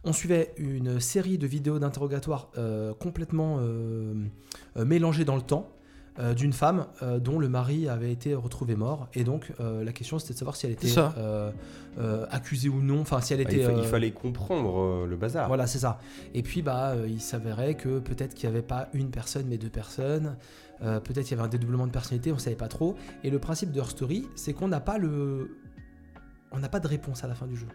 Speaker 2: on suivait une série de vidéos d'interrogatoire euh, complètement euh, euh, mélangées dans le temps euh, d'une femme euh, dont le mari avait été retrouvé mort. Et donc euh, la question c'était de savoir si elle était
Speaker 3: C'est ça.
Speaker 2: euh, euh, accusée ou non, enfin si elle
Speaker 1: Ah,
Speaker 2: était...
Speaker 1: il, fa- il
Speaker 2: euh,
Speaker 1: fallait comprendre euh, le bazar.
Speaker 2: Voilà, c'est ça. Et puis, bah, euh, il s'avérait que peut-être qu'il n'y avait pas une personne, mais deux personnes. Euh, peut-être qu'il y avait un dédoublement de personnalité, on ne savait pas trop. Et le principe de Her Story, c'est qu'on n'a pas le. On n'a pas de réponse à la fin du jeu.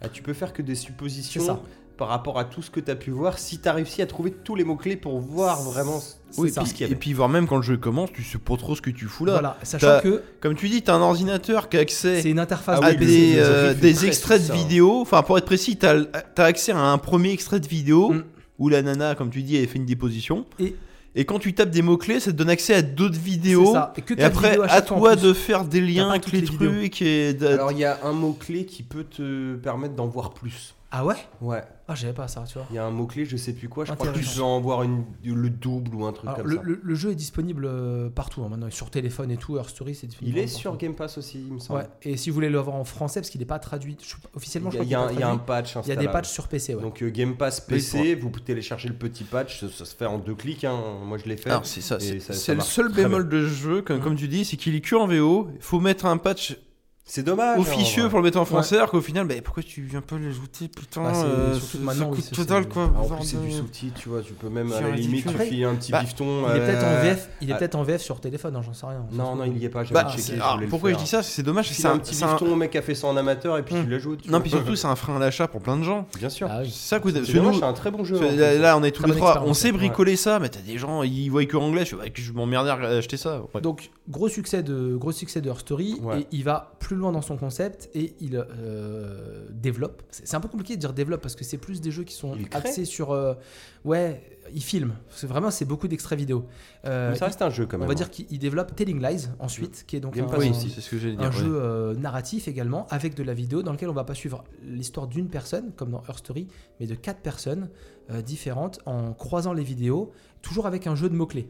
Speaker 1: Ah, tu peux faire que des
Speaker 2: C'est
Speaker 1: suppositions
Speaker 2: ça.
Speaker 1: par rapport à tout ce que tu as pu voir si tu as réussi à trouver tous les mots-clés pour voir vraiment. ce-
Speaker 3: Oui,
Speaker 1: c'est ça.
Speaker 3: et, puis, et puis, voire même quand le jeu commence, tu sais pas trop ce que tu fous là.
Speaker 2: Voilà, sachant
Speaker 3: T'as-
Speaker 2: que
Speaker 3: Comme tu dis, t'as un ordinateur qui a accès
Speaker 2: c'est une interface
Speaker 1: Ah
Speaker 3: à
Speaker 1: oui, le-
Speaker 3: des,
Speaker 1: le- le-
Speaker 3: euh,
Speaker 1: le-
Speaker 3: des
Speaker 1: le- le-
Speaker 3: extraits de
Speaker 1: ça.
Speaker 3: vidéo. Enfin, pour être précis, t'as l- t'as accès à un premier extrait de vidéo
Speaker 2: Mm.
Speaker 3: où la nana, comme tu dis, elle fait une déposition.
Speaker 2: Et-
Speaker 3: Et quand tu tapes des mots-clés, ça te donne accès à d'autres
Speaker 2: C'est
Speaker 3: vidéos.
Speaker 2: ça. Et que
Speaker 3: Et
Speaker 2: t'as une
Speaker 3: après,
Speaker 2: vidéo
Speaker 3: à
Speaker 2: chaque fois en
Speaker 3: toi
Speaker 2: plus.
Speaker 3: de faire des liens
Speaker 2: pas
Speaker 3: avec
Speaker 2: toutes
Speaker 3: les,
Speaker 2: les vidéos.
Speaker 3: trucs et d'a-
Speaker 1: Alors il y a un mot-clé qui peut te permettre d'en voir plus.
Speaker 2: Ah ouais
Speaker 1: Ouais,
Speaker 2: Ah, j'avais pas ça, tu vois.
Speaker 1: il y a un mot-clé, je sais plus quoi, je crois que tu
Speaker 2: Intéressant.
Speaker 1: peux en voir une, le double ou un truc
Speaker 2: Alors,
Speaker 1: comme
Speaker 2: le,
Speaker 1: ça.
Speaker 2: le- le jeu est disponible euh, partout hein, maintenant, sur téléphone et tout. Her Story, c'est disponible.
Speaker 1: Il est
Speaker 2: partout.
Speaker 1: sur Game Pass hein. aussi, il me semble.
Speaker 2: Ouais. Et si vous voulez le voir en français, parce qu'il n'est pas traduit, je- officiellement,
Speaker 1: Il
Speaker 2: je
Speaker 1: y a,
Speaker 2: crois
Speaker 1: il
Speaker 2: qu'il
Speaker 1: y
Speaker 2: est pas
Speaker 1: a un, il y a un
Speaker 2: traduit.
Speaker 1: patch
Speaker 2: Il y a
Speaker 1: installable.
Speaker 2: des patchs sur PC, ouais.
Speaker 1: Donc euh, Game Pass
Speaker 3: Oui,
Speaker 1: PC, vous téléchargez le petit patch, ça, ça se fait en deux clics, hein. moi je l'ai fait.
Speaker 3: Alors, c'est ça,
Speaker 1: Et
Speaker 3: c'est
Speaker 1: ça- ça
Speaker 3: c'est le
Speaker 1: marche
Speaker 3: seul
Speaker 1: très
Speaker 3: bémol de ce jeu, comme, comme tu dis, c'est qu'il est que en VO. Il faut mettre un patch
Speaker 1: C'est dommage.
Speaker 3: officieux
Speaker 1: hein, en
Speaker 3: pour le mettre en français, alors qu'au final, bah, pourquoi tu viens pas l'ajouter Putain,
Speaker 2: Bah, c'est-
Speaker 3: euh,
Speaker 2: surtout
Speaker 3: ce-
Speaker 2: que maintenant,
Speaker 3: ce
Speaker 2: oui,
Speaker 3: coup
Speaker 2: c'est-
Speaker 3: de total
Speaker 2: c'est-
Speaker 3: quoi.
Speaker 1: vrai. Ah, en plus,
Speaker 3: bordel.
Speaker 1: c'est du sous-titre, tu vois, tu peux même à
Speaker 3: C'est
Speaker 1: la
Speaker 3: ridicule.
Speaker 1: limite, tu
Speaker 3: Après,
Speaker 1: files un petit
Speaker 3: bah,
Speaker 1: bifton.
Speaker 2: Il est
Speaker 1: euh,
Speaker 2: peut-être en VF, il est
Speaker 1: ah.
Speaker 2: peut-être en VF sur téléphone, hein, j'en sais rien.
Speaker 1: Non, non, il y est pas, j'avais
Speaker 3: Bah,
Speaker 1: checké.
Speaker 3: c'est-
Speaker 1: je
Speaker 3: alors,
Speaker 1: voulais le
Speaker 3: pourquoi je
Speaker 1: faire.
Speaker 3: dis ça C'est dommage,
Speaker 1: Files
Speaker 3: c'est
Speaker 1: un
Speaker 3: un
Speaker 1: petit
Speaker 3: c'est un-
Speaker 1: bifton au mec qui a fait ça en amateur et puis
Speaker 3: Mm.
Speaker 1: tu l'ajoutes. tu
Speaker 3: Non,
Speaker 1: vois.
Speaker 3: puis surtout, c'est un frein à l'achat pour plein de gens.
Speaker 1: Bien sûr.
Speaker 2: Ah
Speaker 3: C'est
Speaker 2: oui.
Speaker 3: ça que vous-
Speaker 1: C'est
Speaker 3: parce que nous,
Speaker 1: dommage, c'est un très bon jeu.
Speaker 3: parce
Speaker 1: hein.
Speaker 3: que là, là, on est tous
Speaker 2: Très
Speaker 3: les
Speaker 2: bonne
Speaker 3: trois, on
Speaker 2: expérience,
Speaker 3: sait
Speaker 2: ouais.
Speaker 3: bricoler ça, mais t'as des gens, ils voient que anglais, je, bah, que je m'emmerdais à acheter ça. Ouais.
Speaker 2: Donc gros succès de gros succès de Her Story
Speaker 1: Ouais.
Speaker 2: et il va plus loin dans son concept et il euh, développe. C'est c'est un peu compliqué de dire développe parce que c'est plus des jeux qui sont
Speaker 1: Il crée.
Speaker 2: axés sur euh, ouais, il filme. C'est vraiment c'est beaucoup d'extraits vidéo. Euh,
Speaker 1: Mais ça reste un jeu quand
Speaker 2: on
Speaker 1: même.
Speaker 2: va dire qu'il il développe Telling Lies ensuite qui est donc
Speaker 1: Game
Speaker 2: un,
Speaker 1: Pass
Speaker 3: Oui,
Speaker 1: aussi.
Speaker 3: c'est ce que j'allais
Speaker 2: un
Speaker 3: dire. ouais.
Speaker 2: jeu euh, narratif également, avec de la vidéo, dans lequel on va pas suivre l'histoire d'une personne, comme dans Her Story, mais de quatre personnes euh, différentes en croisant les vidéos, toujours avec un jeu de mots-clés.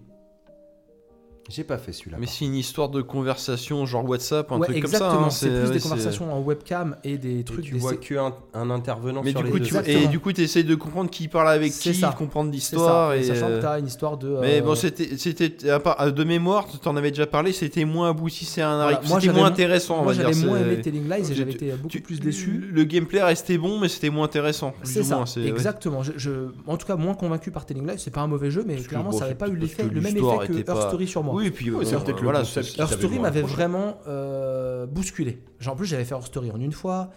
Speaker 1: J'ai pas fait celui-là.
Speaker 3: Mais
Speaker 1: par
Speaker 3: c'est une histoire de conversation, genre WhatsApp, un
Speaker 2: Ouais,
Speaker 3: truc
Speaker 2: exactement.
Speaker 3: comme ça. hein,
Speaker 2: c'est plus
Speaker 3: ouais,
Speaker 2: des
Speaker 3: c'est-
Speaker 2: conversations en webcam et des
Speaker 1: contre. Et
Speaker 2: trucs.
Speaker 1: tu
Speaker 2: des-
Speaker 1: vois
Speaker 2: c'est-
Speaker 1: que un, un intervenant
Speaker 3: Mais
Speaker 1: sur
Speaker 3: du
Speaker 1: les
Speaker 3: coup,
Speaker 1: deux.
Speaker 3: tu...
Speaker 2: Exactement.
Speaker 3: et du coup, t'essayes de comprendre qui parle avec
Speaker 2: C'est
Speaker 3: qui,
Speaker 2: ça.
Speaker 3: comprendre
Speaker 2: c'est ça.
Speaker 3: l'histoire.
Speaker 2: Et
Speaker 3: Et
Speaker 2: Sachant
Speaker 3: euh,
Speaker 2: que t'as une histoire de.
Speaker 3: Mais
Speaker 2: euh,
Speaker 3: bon, c'était, c'était à part- euh, de mémoire, t'en avais déjà parlé, c'était moins abouti, c'est un
Speaker 2: Voilà,
Speaker 3: arc-
Speaker 2: moi,
Speaker 3: c'était
Speaker 2: j'avais
Speaker 3: moins
Speaker 2: mo-
Speaker 3: intéressant, on
Speaker 2: Moi
Speaker 3: va dire.
Speaker 2: j'avais moins
Speaker 3: c'est-
Speaker 2: aimé Telling Lies et
Speaker 3: tu-
Speaker 2: j'avais été euh, beaucoup
Speaker 3: tu-
Speaker 2: plus déçu.
Speaker 3: Le gameplay restait bon, mais c'était moins intéressant. plus
Speaker 2: C'est
Speaker 3: ou
Speaker 2: ça,
Speaker 3: moins, c'est- ouais.
Speaker 2: exactement. Je, je- en tout cas, moins convaincu par Telling Lies, c'est pas un mauvais jeu, mais
Speaker 3: Parce que,
Speaker 2: clairement,
Speaker 3: bon,
Speaker 2: ça n'avait
Speaker 3: c'est
Speaker 2: pas eu
Speaker 3: parce
Speaker 2: l'effet,
Speaker 3: que
Speaker 2: le même
Speaker 3: l'histoire
Speaker 2: effet que
Speaker 3: était
Speaker 2: Earth
Speaker 3: pas-
Speaker 2: Story sur moi.
Speaker 3: Oui, et puis
Speaker 12: Oui, c'est
Speaker 3: bon,
Speaker 12: peut-être le
Speaker 3: voilà,
Speaker 12: concept
Speaker 3: c'est-
Speaker 12: qui-
Speaker 2: Earth
Speaker 12: savait
Speaker 2: Story
Speaker 12: moins
Speaker 2: m'avait
Speaker 12: accroché.
Speaker 2: vraiment euh, bousculé. Genre, en plus, j'avais fait Earth Story en une fois.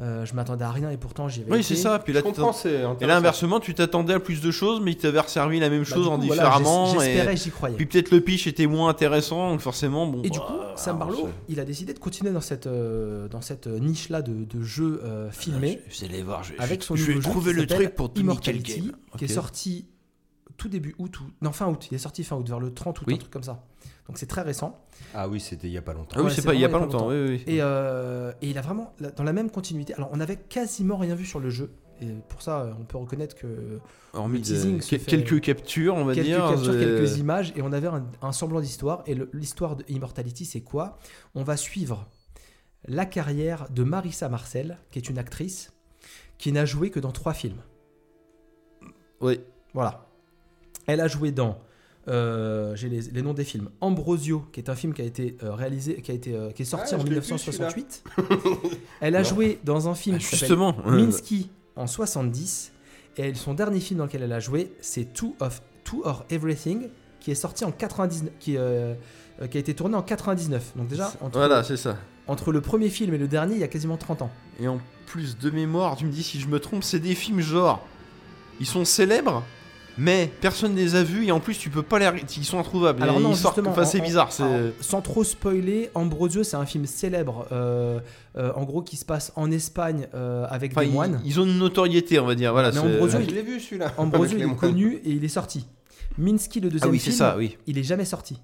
Speaker 2: euh, je m'attendais à rien et pourtant j'y avais
Speaker 3: Oui,
Speaker 2: été. Bah,
Speaker 3: c'est ça. Puis là,
Speaker 12: Je comprends, c'est
Speaker 3: Et là,
Speaker 12: intéressant.
Speaker 3: inversement, tu t'attendais à plus de choses, mais il t'avait resservi la même
Speaker 2: Bah,
Speaker 3: chose
Speaker 2: du
Speaker 3: en
Speaker 2: coup, voilà,
Speaker 3: différemment.
Speaker 2: j'es-
Speaker 3: et...
Speaker 2: J'espérais, j'y croyais.
Speaker 3: Puis peut-être le pitch était moins intéressant, donc forcément, bon. bah.
Speaker 2: Et du coup, Sam Barlow, il a décidé de continuer dans cette, euh, dans cette niche-là de, de jeux euh, filmés.
Speaker 13: Vous allez voir, Ah, je,
Speaker 2: avec son
Speaker 13: je
Speaker 2: nouveau
Speaker 13: vais
Speaker 2: jeu
Speaker 13: trouver
Speaker 2: qui
Speaker 13: le
Speaker 2: s'appelle
Speaker 13: truc pour tout
Speaker 2: Immortality,
Speaker 13: nickel game.
Speaker 2: qui est
Speaker 13: Ok.
Speaker 2: sorti tout début août ou non fin août. Il est sorti fin août vers le 30 août,
Speaker 13: Oui.
Speaker 2: un truc comme ça. Donc c'est très récent.
Speaker 1: Ah oui, c'était il y a pas longtemps.
Speaker 3: Ah oui,
Speaker 2: Ouais,
Speaker 3: c'est
Speaker 2: c'est
Speaker 3: pas, il y a pas
Speaker 2: vraiment
Speaker 3: longtemps. oui, oui.
Speaker 2: Et, euh, et il a vraiment la- dans la même continuité. Alors on avait quasiment rien vu sur le jeu. Et pour ça, euh, on peut reconnaître que
Speaker 3: Hormis
Speaker 2: le
Speaker 3: de-
Speaker 2: teasing se
Speaker 3: quel-
Speaker 2: fait- euh,
Speaker 3: quelques captures, on va
Speaker 2: quelques
Speaker 3: dire.
Speaker 2: captures,
Speaker 3: euh,
Speaker 2: quelques images, et on avait un, un semblant d'histoire. Et le- l'histoire de Immortality, c'est quoi On va suivre la carrière de Marissa Marcel, qui est une actrice qui n'a joué que dans trois films.
Speaker 3: ouais.
Speaker 2: Voilà. Elle a joué dans. euh, J'ai les, les noms des films. Ambrosio, qui est un film qui a été euh, réalisé, qui a été, euh, qui est sorti
Speaker 12: Ah,
Speaker 2: en
Speaker 12: je l'ai vu,
Speaker 2: 1968. elle a
Speaker 12: Non.
Speaker 2: joué dans un film
Speaker 3: Ah,
Speaker 2: qui s'appelle
Speaker 3: Justement. euh,
Speaker 2: Minsky en 70. Et elle- son dernier film dans lequel elle a joué, c'est Two of Two or Everything, qui est sorti en 99, qui, euh, euh, qui a été tourné en 99. Donc déjà, entre,
Speaker 3: Voilà, c'est ça.
Speaker 2: entre le premier film et le dernier, il y a quasiment 30 ans.
Speaker 3: Et en plus de mémoire, tu me dis si je me trompe, c'est des films genre. Ils sont célèbres, mais personne les a vus, et en plus, tu peux pas les. ré- Ils sont introuvables.
Speaker 2: Alors
Speaker 3: et
Speaker 2: non,
Speaker 3: ils sortent-
Speaker 2: justement,
Speaker 3: Enfin,
Speaker 2: en-
Speaker 3: c'est
Speaker 2: en-
Speaker 3: bizarre. c'est-
Speaker 2: Alors, sans trop spoiler, Ambrosio, c'est un film célèbre, euh, euh, en gros, qui se passe en Espagne euh, avec
Speaker 3: Enfin,
Speaker 2: des moines.
Speaker 3: ils, ils ont une notoriété, on va dire. Voilà,
Speaker 2: Mais
Speaker 3: c'est-
Speaker 2: Ambrosio,
Speaker 12: Ah,
Speaker 2: il-
Speaker 12: je l'ai vu celui-là.
Speaker 2: Ambrosio,
Speaker 12: Avec
Speaker 2: il
Speaker 12: les
Speaker 2: est
Speaker 12: moines.
Speaker 2: connu et il est sorti. Minsky, le
Speaker 3: Ah
Speaker 2: deuxième
Speaker 3: oui, c'est
Speaker 2: film,
Speaker 3: ça, oui.
Speaker 2: il est jamais sorti.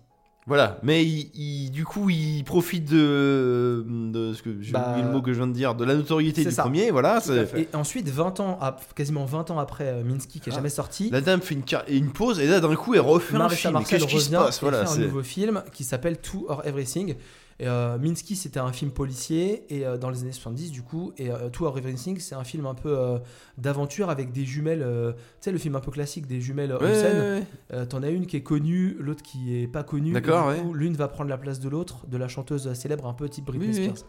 Speaker 3: Voilà, mais il- il- du coup, il profite de, de ce que j'ai
Speaker 2: Bah,
Speaker 3: oublié le mot que je viens de dire, de la notoriété
Speaker 2: c'est
Speaker 3: du
Speaker 2: ça.
Speaker 3: premier. Voilà,
Speaker 12: Tout à
Speaker 3: c'est-
Speaker 12: fait.
Speaker 2: Et ensuite, 20 ans, ap- quasiment 20 ans après euh, Minsky, qui est
Speaker 3: Ah.
Speaker 2: jamais sorti,
Speaker 3: la dame fait une, car- et une pause et là d'un coup, elle refait un
Speaker 2: Marissa
Speaker 3: film. Mais
Speaker 2: Marcel
Speaker 3: Qu'est-ce qui se
Speaker 2: revient
Speaker 3: passe
Speaker 2: et
Speaker 3: Voilà,
Speaker 2: fait un
Speaker 3: c'est-
Speaker 2: nouveau film qui s'appelle Two or Everything. Et, euh, Minsky, c'était un film policier et euh, dans les années 70 du coup. Et euh, Two or Everything, c'est un film un peu euh, d'aventure avec des jumelles. euh, tu sais le film un peu classique des jumelles
Speaker 3: Ouais,
Speaker 2: Olsen.
Speaker 3: ouais, ouais.
Speaker 2: Euh, T'en as une qui est connue, l'autre qui est pas connue.
Speaker 3: D'accord,
Speaker 2: et du
Speaker 3: ouais.
Speaker 2: coup, L'une va prendre la place de l'autre, de la chanteuse euh, célèbre un peu type Britney
Speaker 3: Oui, oui.
Speaker 2: Spears.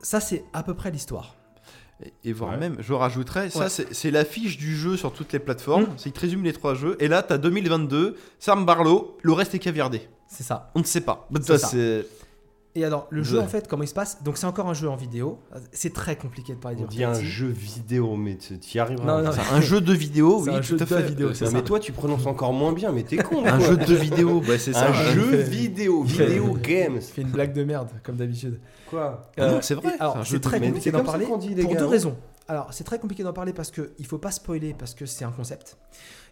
Speaker 2: Ça c'est à peu près l'histoire.
Speaker 3: Et, et voire
Speaker 12: Ouais.
Speaker 3: même, je rajouterais,
Speaker 2: Ouais. Mm.
Speaker 3: ça c'est c'est l'affiche du jeu sur toutes les plateformes. C'est qu'il te résume les trois jeux. Et là, t'as 2022, Sam Barlow, le reste est caviardé.
Speaker 2: C'est ça.
Speaker 3: On ne sait pas.
Speaker 2: C'est
Speaker 3: Ça,
Speaker 2: ça.
Speaker 3: c'est-
Speaker 2: Et alors le jeu
Speaker 3: Ouais.
Speaker 2: en fait comment il se passe Donc c'est encore un jeu en vidéo. C'est très compliqué de parler
Speaker 1: On
Speaker 2: de
Speaker 1: dit un jeu vidéo, mais tu y arriveras.
Speaker 2: Non, non,
Speaker 1: Ça-
Speaker 3: un jeu de vidéo,
Speaker 2: C'est
Speaker 3: oui,
Speaker 2: un
Speaker 3: tout
Speaker 2: jeu
Speaker 3: à
Speaker 2: de
Speaker 3: fait.
Speaker 2: vidéo, c'est
Speaker 1: Non,
Speaker 2: ça.
Speaker 1: mais toi, tu prononces encore moins bien, mais t'es con.
Speaker 3: Un
Speaker 1: quoi.
Speaker 3: jeu de vidéo, ouais, c'est ça.
Speaker 1: Un
Speaker 3: Ouais.
Speaker 1: jeu vidéo,
Speaker 2: fait-
Speaker 1: vidéo games.
Speaker 2: Il fait une blague de merde comme d'habitude.
Speaker 1: Quoi
Speaker 3: Ah non, c'est vrai,
Speaker 2: et euh, alors,
Speaker 3: c'est un
Speaker 2: c'est
Speaker 3: jeu de
Speaker 2: très
Speaker 1: Mais
Speaker 2: compliqué
Speaker 1: c'est
Speaker 2: d'en
Speaker 1: comme ça
Speaker 2: parler
Speaker 1: qu'on dit, les
Speaker 2: pour
Speaker 1: gars,
Speaker 2: deux
Speaker 1: hein.
Speaker 2: raisons. Alors, c'est très compliqué d'en parler parce qu'il faut pas spoiler parce que c'est un concept.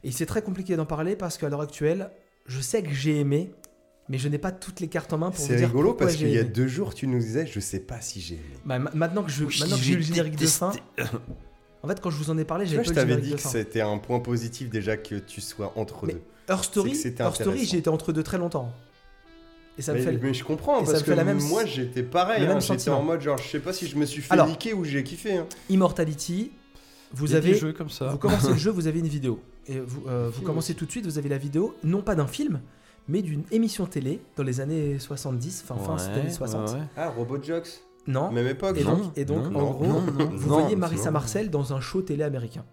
Speaker 2: Et c'est très compliqué d'en parler parce qu'à l'heure actuelle, je sais que j'ai aimé, mais je n'ai pas toutes les cartes en main pour vous
Speaker 1: C'est
Speaker 2: dire
Speaker 1: rigolo
Speaker 2: pourquoi
Speaker 1: parce qu'il
Speaker 2: j'ai
Speaker 1: y a
Speaker 2: aimé.
Speaker 1: deux jours, tu nous disais, je sais pas si j'ai aimé.
Speaker 2: Bah, ma- maintenant que je-
Speaker 3: Oui,
Speaker 2: maintenant que j'ai eu le
Speaker 3: j'ai
Speaker 2: générique de fin, en fait, quand je vous en ai parlé,
Speaker 1: Tu
Speaker 2: j'avais
Speaker 1: vois,
Speaker 2: pas eu
Speaker 1: je
Speaker 2: le
Speaker 1: t'avais
Speaker 2: générique
Speaker 1: dit
Speaker 2: de
Speaker 1: que
Speaker 2: fin.
Speaker 1: c'était un point positif déjà que tu sois entre
Speaker 2: Mais
Speaker 1: deux.
Speaker 2: Her Story,
Speaker 1: c'est que c'était
Speaker 2: Her Story,
Speaker 1: intéressant.
Speaker 2: j'ai été entre deux très longtemps. Et ça me
Speaker 1: mais,
Speaker 2: fait. le-
Speaker 1: mais je comprends
Speaker 2: et ça
Speaker 1: parce
Speaker 2: me
Speaker 1: que
Speaker 2: fait la même-
Speaker 1: moi j'étais pareil,
Speaker 2: le même
Speaker 1: hein, j'étais
Speaker 2: sentiment.
Speaker 1: en mode genre je sais pas si je me suis fait
Speaker 2: Alors-
Speaker 1: niquer ou j'ai kiffé. hein.
Speaker 2: Immortality,
Speaker 3: Il
Speaker 2: vous
Speaker 3: y a des
Speaker 2: avez
Speaker 3: jeux comme ça.
Speaker 2: Vous commencez le jeu, vous avez une vidéo. Et vous, euh, vous commencez tout de suite, vous avez la vidéo, non pas d'un film, mais d'une émission télé dans les années 70, enfin fin des
Speaker 3: Ouais,
Speaker 2: années 60.
Speaker 3: ouais, ouais.
Speaker 1: Ah Robot Jocks,
Speaker 2: Non.
Speaker 1: même époque.
Speaker 2: Et
Speaker 1: non
Speaker 2: donc, et donc
Speaker 3: non,
Speaker 2: en
Speaker 1: non,
Speaker 2: gros,
Speaker 3: non, non,
Speaker 2: vous
Speaker 3: non,
Speaker 2: voyez
Speaker 3: non,
Speaker 2: Marissa
Speaker 3: non.
Speaker 2: Marcel dans un show télé américain.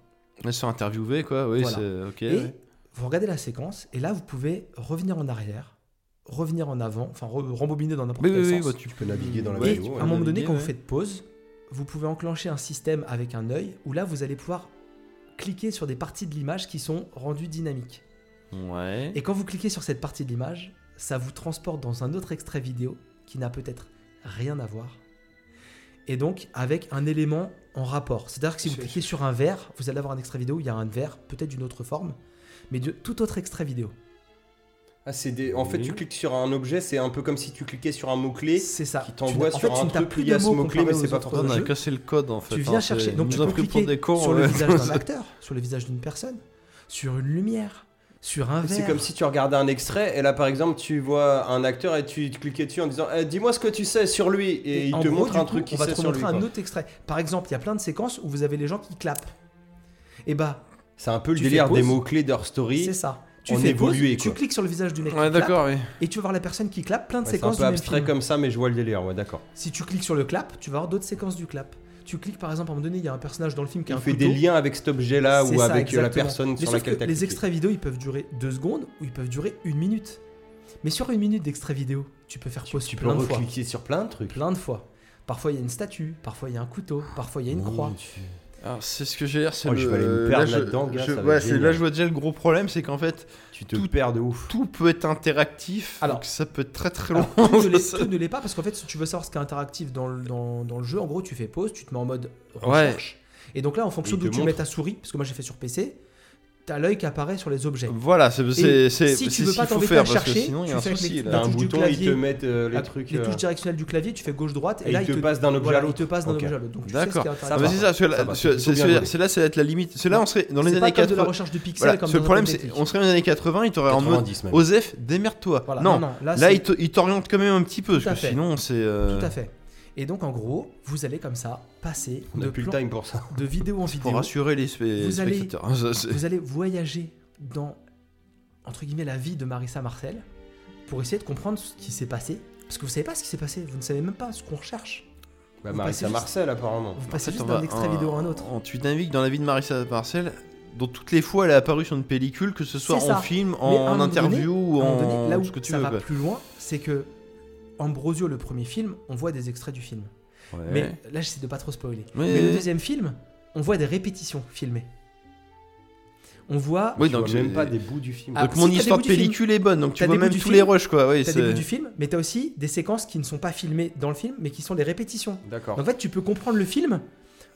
Speaker 3: Elles sont interviewées, quoi. Oui,
Speaker 2: Voilà.
Speaker 3: c'est ok.
Speaker 2: Et
Speaker 3: ouais.
Speaker 2: vous regardez la séquence, et là, vous pouvez revenir en arrière, revenir en avant, enfin re- rembobiner dans n'importe
Speaker 3: Oui,
Speaker 2: quel
Speaker 3: oui, oui,
Speaker 2: sens.
Speaker 3: bah, tu
Speaker 1: Tu peux naviguer dans la
Speaker 2: Et
Speaker 1: vidéo.
Speaker 2: à un moment donné,
Speaker 3: naviguer,
Speaker 2: quand vous
Speaker 3: ouais.
Speaker 2: faites pause, vous pouvez enclencher un système avec un œil où là, vous allez pouvoir cliquer sur des parties de l'image qui sont rendues dynamiques.
Speaker 3: Ouais.
Speaker 2: Et quand vous cliquez sur cette partie de l'image, ça vous transporte dans un autre extrait vidéo qui n'a peut-être rien à voir. Et donc avec un élément en rapport. C'est-à-dire que si vous
Speaker 3: Je-
Speaker 2: cliquez sur un verre, vous allez avoir un extrait vidéo où il y a un verre, peut-être d'une autre forme, mais de tout autre extrait vidéo.
Speaker 1: Ah, c'est des... En fait,
Speaker 3: Oui.
Speaker 1: tu cliques sur un objet, c'est un peu comme si tu cliquais sur un mot-clé.
Speaker 2: C'est ça.
Speaker 1: qui
Speaker 2: Tu n'as-
Speaker 1: t'envoie
Speaker 2: en
Speaker 1: sur
Speaker 2: fait, tu
Speaker 1: un
Speaker 2: n'as
Speaker 1: truc
Speaker 2: plus
Speaker 1: lié
Speaker 2: de
Speaker 1: à ce
Speaker 2: mots
Speaker 1: mot-clé, mais
Speaker 2: comparé
Speaker 1: c'est
Speaker 2: aux
Speaker 1: pas
Speaker 2: autres
Speaker 1: ton
Speaker 3: on a
Speaker 2: jeu.
Speaker 3: cassé le code en fait.
Speaker 2: tu viens
Speaker 3: hein,
Speaker 2: chercher.
Speaker 3: c'est-
Speaker 2: Donc
Speaker 3: ils
Speaker 2: tu
Speaker 3: nous ont
Speaker 2: peux
Speaker 3: pris pour
Speaker 2: cliquer
Speaker 3: des cons,
Speaker 2: sur
Speaker 3: ouais.
Speaker 2: le visage d'un acteur, sur le visage d'une personne, sur une lumière, sur un
Speaker 1: C'est
Speaker 2: verre.
Speaker 1: comme si tu regardais un extrait et là par exemple tu vois un acteur et tu te cliquais dessus en disant Eh, dis-moi ce que tu sais sur lui et, il
Speaker 2: en
Speaker 1: te
Speaker 2: gros,
Speaker 1: montre
Speaker 2: du
Speaker 1: un
Speaker 2: coup,
Speaker 1: truc qui
Speaker 2: On va
Speaker 1: sait
Speaker 2: te
Speaker 1: sur lui.
Speaker 2: montrer un
Speaker 1: quoi.
Speaker 2: autre extrait. Par exemple, il y a plein de séquences où vous avez les gens qui clapent. Et bah,
Speaker 1: C'est un peu le
Speaker 2: Tu
Speaker 1: délire
Speaker 2: fais pause.
Speaker 1: des mots clés d'Heur Story.
Speaker 2: c'est ça. Tu
Speaker 1: on
Speaker 2: fais
Speaker 1: évoluait,
Speaker 2: pause, tu
Speaker 1: quoi.
Speaker 2: cliques sur le visage du mec
Speaker 3: Ouais,
Speaker 2: qui clappe,
Speaker 3: d'accord, oui.
Speaker 2: et tu vas voir la personne qui clappe, plein de
Speaker 1: Ouais, c'est un
Speaker 2: séquences
Speaker 1: peu
Speaker 2: du même
Speaker 1: abstrait
Speaker 2: film.
Speaker 1: comme ça, mais je vois le délire. Ouais, d'accord.
Speaker 2: Si tu cliques sur le clap, tu vas avoir d'autres séquences du clap. Tu cliques par exemple, à un moment donné, il y a un personnage dans le film qui a
Speaker 1: Il
Speaker 2: un
Speaker 1: fait
Speaker 2: couteau.
Speaker 1: des liens avec cet objet-là
Speaker 2: C'est
Speaker 1: ou
Speaker 2: ça,
Speaker 1: avec euh, la
Speaker 2: exactement.
Speaker 1: personne
Speaker 2: Mais
Speaker 1: sur
Speaker 2: sauf
Speaker 1: laquelle
Speaker 2: que
Speaker 1: t'as
Speaker 2: Les
Speaker 1: cliqué.
Speaker 2: extraits vidéo, ils peuvent durer deux secondes ou ils peuvent durer une minute. Mais sur une minute d'extrait vidéo, tu peux faire pause
Speaker 1: Tu peux
Speaker 2: plein de fois.
Speaker 1: recliquer sur plein de trucs.
Speaker 2: Plein de fois. Parfois, il y a une statue, parfois, il y a un couteau, parfois, il y a une
Speaker 1: Mmh,
Speaker 2: croix.
Speaker 3: Alors, c'est ce que j'ai l'air, c'est
Speaker 1: Oh,
Speaker 3: le.
Speaker 1: je vais aller me perdre
Speaker 3: là, je-
Speaker 1: là-dedans, gars,
Speaker 3: je-
Speaker 1: ça va
Speaker 3: ouais,
Speaker 1: être
Speaker 3: c'est-
Speaker 1: génial.
Speaker 3: là, je vois déjà le gros problème, c'est qu'en fait,
Speaker 1: Tu te
Speaker 3: Tout-
Speaker 1: perds de ouf.
Speaker 3: tout peut être interactif.
Speaker 2: Alors-
Speaker 3: donc ça peut être très très long.
Speaker 2: Alors, tout ne l'est-
Speaker 3: Ça-
Speaker 2: tout ne l'est pas parce qu'en fait, si tu veux savoir ce qui est interactif dans le, dans, dans le jeu, en gros, tu fais pause, tu te mets en mode recherche. Et donc là, en fonction
Speaker 1: Il te
Speaker 2: d'où tu
Speaker 1: montre.
Speaker 2: mets ta souris, parce que moi j'ai fait sur PC, t'as l'œil qui apparaît sur les objets.
Speaker 3: Voilà, c'est c'est
Speaker 2: Et
Speaker 3: c'est
Speaker 2: si
Speaker 3: c'est
Speaker 2: tu
Speaker 3: ce
Speaker 2: veux pas
Speaker 3: qu'il faut
Speaker 2: t'embêter à
Speaker 3: faire parce que
Speaker 2: chercher,
Speaker 3: sinon il y a
Speaker 2: tu
Speaker 3: un
Speaker 2: fais avec les
Speaker 3: souci.
Speaker 2: clics.
Speaker 1: T'as
Speaker 3: là.
Speaker 1: un
Speaker 2: touche du
Speaker 1: bouton, ils te
Speaker 2: clavier.
Speaker 1: mettent euh, les
Speaker 2: Ah,
Speaker 1: trucs.
Speaker 2: les
Speaker 1: euh,
Speaker 2: touches directionnelles du clavier, tu fais gauche-droite et,
Speaker 1: Et
Speaker 2: là
Speaker 1: il te passe d'un objet à
Speaker 2: voilà, il
Speaker 1: l'autre.
Speaker 2: te passe d'un
Speaker 1: Ok.
Speaker 2: objet à l'autre. Donc tu sais ce qui est
Speaker 3: D'accord.
Speaker 2: interactif.
Speaker 1: Ça
Speaker 3: Ah, mais
Speaker 1: va.
Speaker 3: c'est ça, parce que
Speaker 1: Ça
Speaker 3: là,
Speaker 1: va,
Speaker 3: c'est-
Speaker 1: c'est plutôt
Speaker 3: c'est-
Speaker 1: bien
Speaker 3: c'est-
Speaker 1: joué.
Speaker 3: c'est là, c'est la limite. C'est là, on serait dans les
Speaker 2: C'est pas
Speaker 3: années
Speaker 2: comme de la
Speaker 3: 80.
Speaker 2: recherche de pixels
Speaker 3: Voilà,
Speaker 2: comme
Speaker 3: parce que le
Speaker 2: dans
Speaker 3: problème,
Speaker 2: Open
Speaker 3: c'est
Speaker 2: Technique.
Speaker 3: on serait dans les années 80, il t'aurait en mode
Speaker 1: 90 même.
Speaker 3: Osef, démerde-toi.
Speaker 2: Voilà,
Speaker 3: non,
Speaker 2: non,
Speaker 3: là,
Speaker 2: c'est-
Speaker 3: il te- il t'oriente quand même un petit peu, parce
Speaker 2: Tout à
Speaker 3: que
Speaker 2: fait.
Speaker 3: sinon, c'est. euh,
Speaker 2: Tout à fait. Et donc en gros, vous allez comme ça passer
Speaker 1: On
Speaker 2: de,
Speaker 1: n'a plus le
Speaker 2: plan-
Speaker 1: time pour ça.
Speaker 2: de vidéo en
Speaker 3: Pour
Speaker 2: vidéo.
Speaker 3: rassurer les spé-
Speaker 2: Vous allez-
Speaker 3: spectateurs. hein, ça, c'est-
Speaker 2: Vous allez voyager dans entre guillemets la vie de Marissa Marcel pour essayer de comprendre ce qui s'est passé. Parce que vous savez pas ce qui s'est passé, vous ne savez même pas ce qu'on recherche.
Speaker 1: Bah,
Speaker 2: Vous passez
Speaker 1: Marissa
Speaker 2: juste-
Speaker 1: Marcel, apparemment.
Speaker 2: Vous
Speaker 3: En
Speaker 2: passez
Speaker 3: fait,
Speaker 2: Ah, juste
Speaker 3: on
Speaker 2: d'un
Speaker 3: va-
Speaker 2: extrait vidéo à un autre.
Speaker 3: on- bah, tu navigues dans la vie de Marissa Marcel, dont toutes les fois elle est apparue sur une pellicule, que ce soit
Speaker 2: C'est ça.
Speaker 3: en film,
Speaker 2: à un
Speaker 3: en
Speaker 2: moment
Speaker 3: interview ou
Speaker 2: À un
Speaker 3: en.
Speaker 2: moment donné, là où
Speaker 3: ce que tu
Speaker 2: ça
Speaker 3: veux.
Speaker 2: va
Speaker 3: quoi.
Speaker 2: plus loin, c'est que Ambrosio, le premier film, on voit des extraits du film.
Speaker 3: Ouais.
Speaker 2: Mais là, j'essaie de pas trop spoiler.
Speaker 3: Ouais.
Speaker 2: Mais le deuxième film, on voit des répétitions filmées. On voit
Speaker 3: Oui,
Speaker 1: Tu
Speaker 3: donc
Speaker 1: vois même
Speaker 3: c'est-
Speaker 1: pas des bouts du film.
Speaker 2: Ah,
Speaker 3: Donc
Speaker 2: si,
Speaker 3: mon
Speaker 2: t'as des
Speaker 3: histoire
Speaker 2: bouts
Speaker 3: de
Speaker 2: du film.
Speaker 3: pellicule est bonne, donc
Speaker 2: T'as
Speaker 3: tu
Speaker 2: des
Speaker 3: vois
Speaker 2: bouts
Speaker 3: même
Speaker 2: du
Speaker 3: tous
Speaker 2: film.
Speaker 3: les rushs quoi. Oui,
Speaker 2: T'as
Speaker 3: c'est-
Speaker 2: des bouts du film, mais t'as aussi des séquences qui ne sont pas filmées dans le film, mais qui sont des répétitions.
Speaker 1: D'accord. Euh,
Speaker 2: En fait, tu peux comprendre le film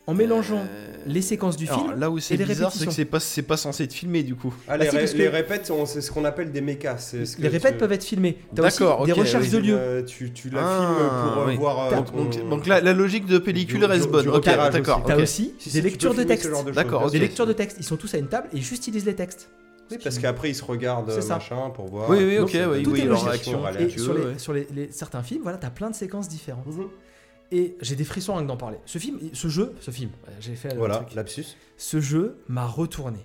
Speaker 2: en mélangeant les séquences du
Speaker 3: Euh, Alors,
Speaker 2: film.
Speaker 3: là où c'est
Speaker 2: les
Speaker 3: bizarre, c'est que
Speaker 2: répétitions.
Speaker 3: c'est pas, c'est pas censé être filmé du coup.
Speaker 1: Ah,
Speaker 2: Bah, si,
Speaker 1: les, ré-
Speaker 2: parce que-
Speaker 1: les répètes, on- c'est ce qu'on appelle des mechas. c'est ce que
Speaker 2: Les répètes
Speaker 1: tu-
Speaker 2: peuvent être filmées. T'as aussi
Speaker 3: D'accord,
Speaker 2: des
Speaker 3: ok,
Speaker 2: recherches
Speaker 3: oui.
Speaker 2: de lieux.
Speaker 1: Euh, tu, tu la
Speaker 3: Ah,
Speaker 1: filmes pour euh,
Speaker 3: oui.
Speaker 1: voir. euh,
Speaker 3: donc donc-
Speaker 1: ton-
Speaker 3: donc la, la logique de pellicule
Speaker 1: Du-
Speaker 3: reste
Speaker 1: du-
Speaker 3: bonne.
Speaker 1: du
Speaker 3: ok,
Speaker 1: repérage
Speaker 3: d'accord.
Speaker 1: aussi.
Speaker 2: T'as
Speaker 3: ok.
Speaker 2: aussi
Speaker 1: Si, si,
Speaker 2: des
Speaker 1: tu peux
Speaker 2: lectures de
Speaker 1: filmer ce
Speaker 2: texte.
Speaker 1: genre de choses,
Speaker 3: D'accord,
Speaker 1: bien
Speaker 2: Des
Speaker 3: ok.
Speaker 1: sûr.
Speaker 2: lectures de texte. Ils sont tous à une table et ils juste ils lisent les textes.
Speaker 1: Oui, parce qu'après, ils se regardent
Speaker 2: C'est
Speaker 1: euh,
Speaker 2: ça.
Speaker 1: machin pour voir.
Speaker 3: Oui, oui,
Speaker 1: Donc,
Speaker 3: ok,
Speaker 1: c'est-
Speaker 3: oui,
Speaker 2: tout
Speaker 3: oui,
Speaker 2: est
Speaker 3: leur
Speaker 2: logique.
Speaker 3: action.
Speaker 1: Voilà,
Speaker 2: Et
Speaker 3: tu
Speaker 2: sur,
Speaker 3: veux,
Speaker 2: les,
Speaker 3: ouais.
Speaker 2: sur les- les- certains films, voilà, t'as plein de séquences différentes.
Speaker 1: Mhm.
Speaker 2: Et j'ai des frissons rien que d'en parler. Ce film, ce jeu, ce film, euh, j'ai fait le
Speaker 1: Voilà,
Speaker 2: truc.
Speaker 1: lapsus.
Speaker 2: Ce jeu m'a retourné.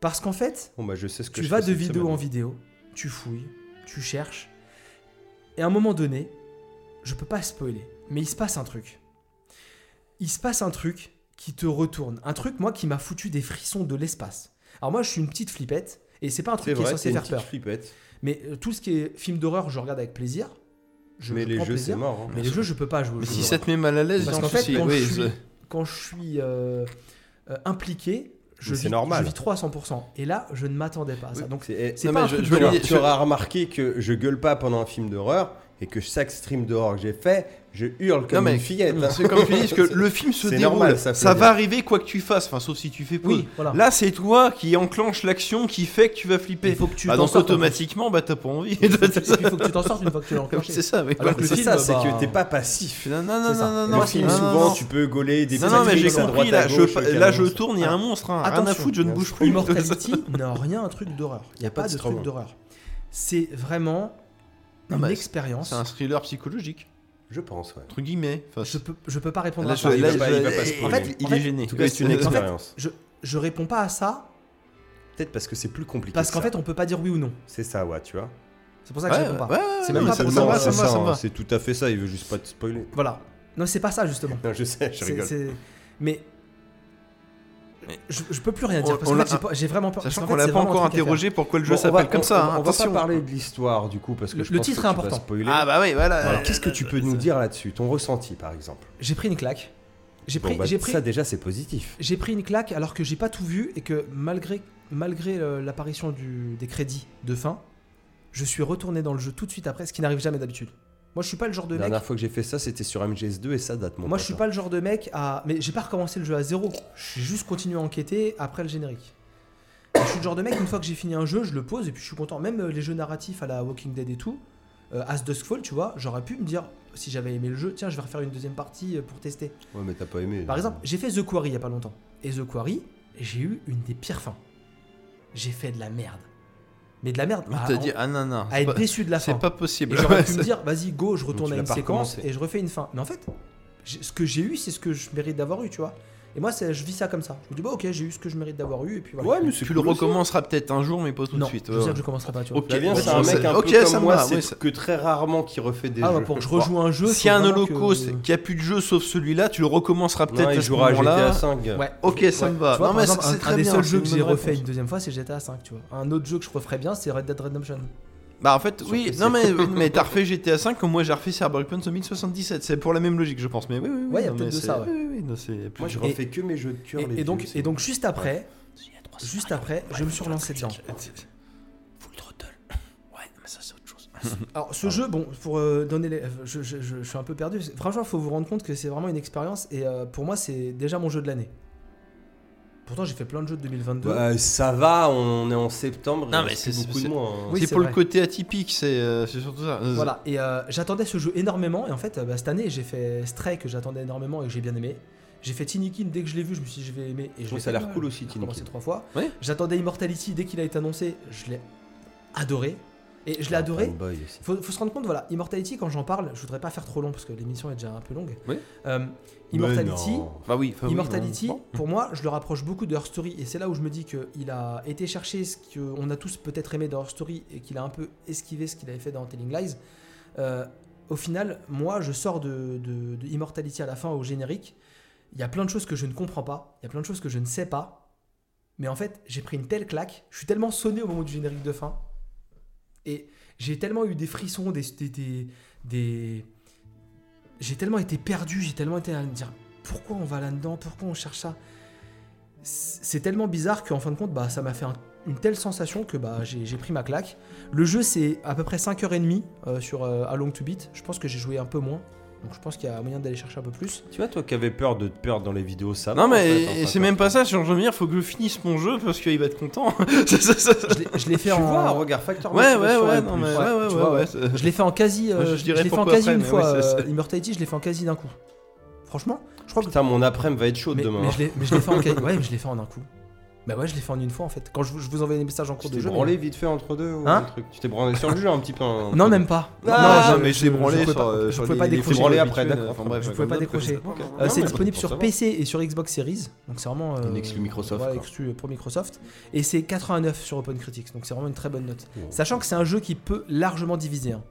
Speaker 2: Parce qu'en fait,
Speaker 1: Bon, bah, je sais ce que
Speaker 2: tu
Speaker 1: je
Speaker 2: vas
Speaker 1: fais
Speaker 2: de
Speaker 1: cette
Speaker 2: vidéo
Speaker 1: semaine.
Speaker 2: en vidéo, tu fouilles, tu cherches. Et à un moment donné, je peux pas spoiler, mais il se passe un truc. Il se passe un truc qui te retourne. Un truc, moi, qui m'a foutu des frissons de l'espace. Alors moi, je suis une petite flippette, et c'est pas un
Speaker 1: C'est
Speaker 2: truc qui est
Speaker 1: vrai,
Speaker 2: censé
Speaker 1: c'est une
Speaker 2: faire
Speaker 1: petite
Speaker 2: peur.
Speaker 1: flippette.
Speaker 2: Mais euh, tout ce qui est film d'horreur, je regarde avec plaisir. Je,
Speaker 1: Mais
Speaker 2: je
Speaker 1: les
Speaker 2: prends
Speaker 1: jeux, c'est
Speaker 2: plaisir.
Speaker 1: mort. hein.
Speaker 2: Mais les jeux, je peux pas jouer. aux
Speaker 3: Mais
Speaker 2: jeux
Speaker 3: si
Speaker 2: d'horreur.
Speaker 3: ça te met mal à l'aise,
Speaker 2: Parce
Speaker 3: il y a
Speaker 2: qu'en
Speaker 3: un
Speaker 2: fait,
Speaker 3: souci.
Speaker 2: quand,
Speaker 3: Oui,
Speaker 2: je suis,
Speaker 3: c'est-
Speaker 2: quand je suis, euh, euh, impliqué, je
Speaker 1: Mais c'est
Speaker 2: vis,
Speaker 1: normal.
Speaker 2: je vis trop à 100%. Et là, je ne m'attendais pas à ça. Donc,
Speaker 1: C'est
Speaker 2: c'est eh,
Speaker 3: non,
Speaker 2: pas
Speaker 3: mais
Speaker 2: un truc
Speaker 3: je
Speaker 2: de
Speaker 3: veux
Speaker 2: l'horreur.
Speaker 3: dire-
Speaker 1: Tu auras remarqué que je gueule pas pendant un film d'horreur et que chaque stream d'horreur que j'ai fait, je hurle comme
Speaker 3: mais-
Speaker 1: une fillette. hein.
Speaker 3: C'est comme tu dis, parce que le film se
Speaker 1: C'est
Speaker 3: déroule,
Speaker 1: normal,
Speaker 3: ça,
Speaker 1: ça fait
Speaker 3: va
Speaker 1: plaisir.
Speaker 3: arriver quoi que tu fasses, enfin sauf si tu fais pause.
Speaker 2: Oui, voilà.
Speaker 3: Là, c'est toi qui enclenche l'action qui fait que tu vas flipper.
Speaker 2: il faut que tu
Speaker 3: Bah,
Speaker 2: t'en
Speaker 3: donc
Speaker 2: sortes.
Speaker 3: automatiquement, bah t'as pas envie.
Speaker 2: Et puis, il faut que tu t'en sortes une fois que tu l'as enclenché.
Speaker 3: c'est ça, oui.
Speaker 2: Alors que
Speaker 1: C'est
Speaker 2: le film,
Speaker 1: ça, c'est
Speaker 2: bah,
Speaker 1: que t'es pas passif.
Speaker 3: Non, non, non,
Speaker 2: C'est ça.
Speaker 3: non,
Speaker 1: Le
Speaker 3: non,
Speaker 1: film,
Speaker 3: non,
Speaker 1: souvent,
Speaker 3: non,
Speaker 1: tu peux gauler des
Speaker 3: Non, non, mais
Speaker 1: petits
Speaker 3: j'ai
Speaker 1: trucs à
Speaker 3: compris,
Speaker 1: droite,
Speaker 3: là,
Speaker 1: à gauche,
Speaker 3: je,
Speaker 1: aucun
Speaker 3: là, je
Speaker 1: moment.
Speaker 3: tourne, il y a un monstre, hein. rien à
Speaker 2: Attention.
Speaker 3: foutre, je ne bouge plus.
Speaker 2: Immortality n'a rien un truc d'horreur. Il n'y a pas,
Speaker 1: pas
Speaker 2: de
Speaker 1: de
Speaker 2: truc
Speaker 1: trauma.
Speaker 2: d'horreur. C'est vraiment
Speaker 3: Non,
Speaker 2: une
Speaker 3: mais
Speaker 2: expérience.
Speaker 3: Ah bah, C'est un thriller psychologique,
Speaker 1: Je pense, ouais.
Speaker 3: entre guillemets. Enfin,
Speaker 2: Je peux, je peux pas répondre
Speaker 3: là,
Speaker 2: à
Speaker 3: je-
Speaker 2: ça.
Speaker 1: il
Speaker 3: là,
Speaker 1: va pas-
Speaker 3: je-
Speaker 1: il va pas se
Speaker 3: en
Speaker 1: spoiler.
Speaker 3: fait, il est gêné.
Speaker 1: En tout cas, c'est une
Speaker 3: Ouais,
Speaker 1: expérience.
Speaker 2: Je, je réponds pas à ça
Speaker 1: Peut-être parce que c'est plus compliqué.
Speaker 2: parce
Speaker 1: que
Speaker 2: qu'en
Speaker 1: ça.
Speaker 2: fait, on peut pas dire oui ou non.
Speaker 1: c'est ça, ouais, tu vois.
Speaker 2: C'est pour ça que je
Speaker 3: ouais,
Speaker 2: réponds pas.
Speaker 3: ouais, ouais,
Speaker 2: C'est
Speaker 3: non,
Speaker 2: même
Speaker 3: mais
Speaker 2: pas
Speaker 3: ça
Speaker 2: pour
Speaker 3: me va,
Speaker 2: savoir,
Speaker 3: ça me va, ça me va.
Speaker 1: C'est tout à fait ça. Il veut juste pas te spoiler.
Speaker 2: Voilà. Non, c'est pas ça justement.
Speaker 1: Non, je sais, je
Speaker 2: C'est-
Speaker 1: rigole.
Speaker 2: c'est- Mais. Je, je peux plus rien
Speaker 3: On-
Speaker 2: dire parce
Speaker 3: on
Speaker 2: que
Speaker 3: l'a-
Speaker 2: j'ai pas- j'ai vraiment peur.
Speaker 3: Sachant
Speaker 2: En
Speaker 3: qu'on
Speaker 2: fait,
Speaker 3: l'a
Speaker 2: c'est
Speaker 3: pas
Speaker 2: vraiment
Speaker 3: encore
Speaker 2: un truc à faire.
Speaker 3: interrogé pour quoi le jeu
Speaker 1: Bon, on va-
Speaker 3: s'appelle comme ça,
Speaker 1: on-
Speaker 3: hein,
Speaker 1: On va pas
Speaker 3: attention.
Speaker 1: parler de l'histoire du coup parce que
Speaker 2: Le-
Speaker 1: je
Speaker 2: le
Speaker 1: pense
Speaker 2: titre
Speaker 1: que
Speaker 2: est
Speaker 1: tu vas
Speaker 2: important.
Speaker 1: spoiler.
Speaker 3: Ah bah oui, voilà.
Speaker 1: Alors, qu'est-ce que tu peux nous dire là-dessus Ton ressenti, par exemple
Speaker 2: J'ai pris une claque. J'ai pris,
Speaker 1: Bon, bah,
Speaker 2: j'ai pris,
Speaker 1: Ça, déjà, c'est positif.
Speaker 2: j'ai pris une claque alors que j'ai pas tout vu et que malgré, malgré euh, l'apparition du- des crédits de fin, je suis retourné dans le jeu tout de suite après, ce qui n'arrive jamais d'habitude. Moi, je suis pas le genre de
Speaker 1: La
Speaker 2: mec.
Speaker 1: dernière fois que j'ai fait ça, c'était sur MGS2 et ça date, mon
Speaker 2: Moi,
Speaker 1: pote,
Speaker 2: je suis
Speaker 1: hein.
Speaker 2: pas le genre de mec à. Mais j'ai pas recommencé le jeu à zéro. J'ai juste continué à enquêter après le générique. Et je suis le genre de mec, une fois que j'ai fini un jeu, je le pose et puis je suis content. Même euh, les jeux narratifs à la Walking Dead et tout, euh, As Dusk Fall, tu vois, j'aurais pu me dire, si j'avais aimé le jeu, tiens, je vais refaire une deuxième partie euh, pour tester.
Speaker 1: Ouais, mais t'as pas aimé.
Speaker 2: Par exemple, j'ai fait The Quarry il y a pas longtemps. Et The Quarry, j'ai eu une des pires fins. J'ai fait de la merde. mais de la merde.
Speaker 3: On
Speaker 2: à-
Speaker 3: t'a dit, ah non, non,
Speaker 2: à
Speaker 3: c'est
Speaker 2: être
Speaker 3: pas,
Speaker 2: déçu de la fin.
Speaker 3: c'est pas
Speaker 2: hein. Et
Speaker 3: possible.
Speaker 2: j'aurais pu
Speaker 3: Ouais,
Speaker 2: me dire, vas-y, go, je retourne
Speaker 1: tu
Speaker 2: à
Speaker 1: l'as
Speaker 2: une
Speaker 1: pas
Speaker 2: séquence
Speaker 1: recommencé.
Speaker 2: et je refais une fin. Mais en fait, j'ai- ce que j'ai eu, c'est ce que je mérite d'avoir eu, tu vois. Et moi, c'est- je vis ça comme ça. Je me dis, bah ok, j'ai eu ce que je mérite d'avoir eu, et puis voilà.
Speaker 1: Ouais, mais c'est
Speaker 3: tu le
Speaker 1: cool aussi.
Speaker 3: recommenceras peut-être un jour, mais pas tout
Speaker 2: non,
Speaker 3: de suite.
Speaker 2: je
Speaker 3: ouais. bah,
Speaker 2: sais que je commencerai pas, tu vois.
Speaker 1: Ok, bien,
Speaker 3: ouais,
Speaker 1: c'est un
Speaker 3: ça-
Speaker 1: mec un
Speaker 3: ok,
Speaker 1: peu
Speaker 3: ça
Speaker 1: comme
Speaker 3: me
Speaker 1: moi,
Speaker 3: va,
Speaker 1: c'est
Speaker 3: ouais, ça-
Speaker 1: que très rarement qui refait des
Speaker 2: Ah, bah,
Speaker 1: jeux.
Speaker 2: pour que je rejoue un jeu.
Speaker 3: S'il y a
Speaker 2: faut
Speaker 3: un
Speaker 2: vraiment
Speaker 3: holocauste
Speaker 2: que-
Speaker 3: qui a plus de jeu sauf celui-là, tu le recommenceras
Speaker 1: Non,
Speaker 3: peut-être
Speaker 1: il
Speaker 3: à ce
Speaker 1: jouera à GTA
Speaker 3: moment-là.
Speaker 1: 5.
Speaker 2: Ouais.
Speaker 3: Ok, ça me va.
Speaker 2: Tu vois,
Speaker 3: Non,
Speaker 2: par
Speaker 3: mais
Speaker 2: exemple,
Speaker 3: c'est
Speaker 2: un,
Speaker 3: très
Speaker 2: un des
Speaker 3: bien,
Speaker 2: seuls
Speaker 3: c'est
Speaker 2: jeux
Speaker 3: une
Speaker 2: que j'ai
Speaker 3: bonne
Speaker 2: refait
Speaker 3: réponse.
Speaker 2: une deuxième fois, c'est GTA 5, tu vois. Un autre jeu que je referais bien, c'est Red Dead Redemption.
Speaker 3: Bah en fait, oui,
Speaker 2: PC.
Speaker 3: non mais, oui, mais t'as refait GTA 5 comme moi j'ai refait Cyberpunk 2077, c'est pour la même logique je pense, mais oui, oui, oui.
Speaker 2: Ouais, y a
Speaker 3: non,
Speaker 2: peut-être
Speaker 3: mais
Speaker 2: de
Speaker 3: c'est-
Speaker 2: ça, ouais.
Speaker 3: oui, oui, non, c'est plus-
Speaker 1: Moi, je refais que mes jeux de cœur.
Speaker 2: Et-
Speaker 1: les
Speaker 2: Et, donc,
Speaker 1: vieux, c'est-
Speaker 2: et donc, juste après,
Speaker 14: Il y a trois
Speaker 2: juste
Speaker 14: scénarios.
Speaker 2: après, je me suis relancé dedans.
Speaker 14: Full throttle. Ouais, non, mais ça, c'est autre chose.
Speaker 2: Alors,
Speaker 14: Ah.
Speaker 2: ce jeu, bon, pour euh, donner les. Je, je- je- je suis un peu perdu. Franchement, faut vous rendre compte que c'est vraiment une expérience. Et euh, pour moi, c'est déjà mon jeu de l'année. Pourtant, j'ai fait plein de jeux de 2022.
Speaker 1: Bah, ça va, on est en septembre.
Speaker 3: Non,
Speaker 1: il
Speaker 3: mais
Speaker 1: reste
Speaker 3: c'est-
Speaker 1: plus beaucoup
Speaker 3: c'est-
Speaker 1: de mois. hein.
Speaker 2: Oui,
Speaker 3: c'est
Speaker 2: c'est
Speaker 3: pour
Speaker 2: vrai.
Speaker 3: le côté atypique, c'est euh, c'est surtout ça.
Speaker 2: Voilà, et euh, j'attendais ce jeu énormément. Et en fait, euh, bah, cette année, j'ai fait Stray que j'attendais énormément et que j'ai bien aimé. J'ai fait Tinikin dès que je l'ai vu, je me suis dit, je vais aimer. Et je
Speaker 1: trouve
Speaker 2: l'ai
Speaker 1: ça a
Speaker 2: fait.
Speaker 1: l'air cool aussi,
Speaker 2: J'ai
Speaker 1: Tiny
Speaker 2: recommencé
Speaker 1: Kin.
Speaker 2: trois fois.
Speaker 3: Ouais.
Speaker 2: J'attendais Immortality dès qu'il a été annoncé, je l'ai adoré. Et
Speaker 1: Ah,
Speaker 2: je l'ai adoré.
Speaker 1: Fanboy aussi.
Speaker 2: Faut, faut se rendre compte, voilà, Immortality, quand j'en parle, je voudrais pas faire trop long parce que l'émission est déjà un peu longue.
Speaker 3: Oui.
Speaker 2: Euh, Immortality,
Speaker 1: Mais non.
Speaker 3: Bah oui, enfin, oui,
Speaker 2: Immortality,
Speaker 3: non. Bon.
Speaker 2: pour moi, je le rapproche beaucoup de Her Story, et c'est là où je me dis qu'il a été chercher ce qu'on a tous peut-être aimé dans Her Story, et qu'il a un peu esquivé ce qu'il avait fait dans Telling Lies. Euh, au final, moi, je sors de, de- de Immortality à la fin, au générique. Il y a plein de choses que je ne comprends pas, il y a plein de choses que je ne sais pas, mais en fait, j'ai pris une telle claque, je suis tellement sonné au moment du générique de fin, et j'ai tellement eu des frissons, des- des- des, des... J'ai tellement été perdu, j'ai tellement été à me dire pourquoi on va là-dedans, pourquoi on cherche ça. C'est c'est tellement bizarre qu'en fin de compte, bah, ça m'a fait un- une telle sensation que bah, j'ai j'ai pris ma claque. Le jeu, c'est à peu près 5h30 euh, sur euh, How Long to Beat. Je pense que j'ai joué un peu moins. Donc je pense qu'il y a moyen d'aller chercher un peu plus.
Speaker 1: Tu vois, toi qui avais peur de te perdre dans les vidéos,
Speaker 2: Ah
Speaker 1: ça va,
Speaker 3: Non
Speaker 1: en
Speaker 3: mais
Speaker 1: fait, hein,
Speaker 3: et
Speaker 1: enfin,
Speaker 3: c'est
Speaker 1: quand-
Speaker 3: même pas ça, sur je veux dire, faut que je finisse mon jeu parce qu'il va être content. C'est ça, ça, ça.
Speaker 2: Je l'ai- Je l'ai fait
Speaker 1: Tu vois,
Speaker 2: en.
Speaker 1: regard facteur
Speaker 3: Ouais, ouais,
Speaker 1: motivation
Speaker 3: ouais,
Speaker 1: en
Speaker 3: non
Speaker 1: plus.
Speaker 3: mais ouais,
Speaker 2: Ouais,
Speaker 3: ouais,
Speaker 2: tu
Speaker 3: ouais,
Speaker 2: vois,
Speaker 3: ouais,
Speaker 2: ouais.
Speaker 3: c'est-
Speaker 2: Je l'ai fait en quasi, euh,
Speaker 3: Ouais, je
Speaker 2: je
Speaker 3: dirais
Speaker 2: l'ai fait en
Speaker 3: pourquoi
Speaker 2: quasi
Speaker 3: après,
Speaker 2: une
Speaker 3: mais
Speaker 2: fois.
Speaker 3: oui, c'est-
Speaker 2: euh, Immortality, je l'ai fait en quasi d'un coup. Franchement, je crois que
Speaker 1: Putain, mon après-midi va être chaude
Speaker 2: mais,
Speaker 1: demain. Hein.
Speaker 2: mais je l'ai- mais je l'ai fait en ca- ouais, mais je l'ai fait en un coup. Bah ouais, je l'ai fait en une fois en fait. Quand je, vous- je vous envoyais des messages en
Speaker 1: Tu
Speaker 2: cours de
Speaker 1: t'es
Speaker 2: jeu. mais-
Speaker 1: branlé vite fait entre deux ou
Speaker 2: Hein
Speaker 1: un truc Tu t'es branlé sur le jeu un petit peu hein,
Speaker 2: Non,
Speaker 1: entre
Speaker 2: même pas.
Speaker 1: Ah,
Speaker 2: je-
Speaker 3: mais
Speaker 2: je-
Speaker 3: je l'ai branlé
Speaker 2: je pouvais
Speaker 3: sur,
Speaker 2: pas-
Speaker 3: euh,
Speaker 2: je
Speaker 3: sur
Speaker 2: pouvais
Speaker 3: les-
Speaker 2: pas
Speaker 3: les
Speaker 2: décrocher.
Speaker 3: films
Speaker 1: branlé après,
Speaker 3: habituels,
Speaker 1: d'accord.
Speaker 3: enfin, bref,
Speaker 2: Je pouvais pas
Speaker 3: comme d'autres,
Speaker 2: décrocher.
Speaker 1: deux.
Speaker 2: Euh,
Speaker 1: Non,
Speaker 2: c'est
Speaker 1: mais
Speaker 2: disponible
Speaker 1: pour
Speaker 2: sur
Speaker 1: savoir.
Speaker 2: PC et sur Xbox Series, donc c'est vraiment euh,
Speaker 1: Une exclu Microsoft,
Speaker 2: voilà,
Speaker 1: quoi.
Speaker 2: exclu pour Microsoft, et c'est 89 sur OpenCritic, donc c'est vraiment une très bonne note.
Speaker 1: Oh.
Speaker 2: Sachant que c'est un jeu qui peut largement diviser. hein.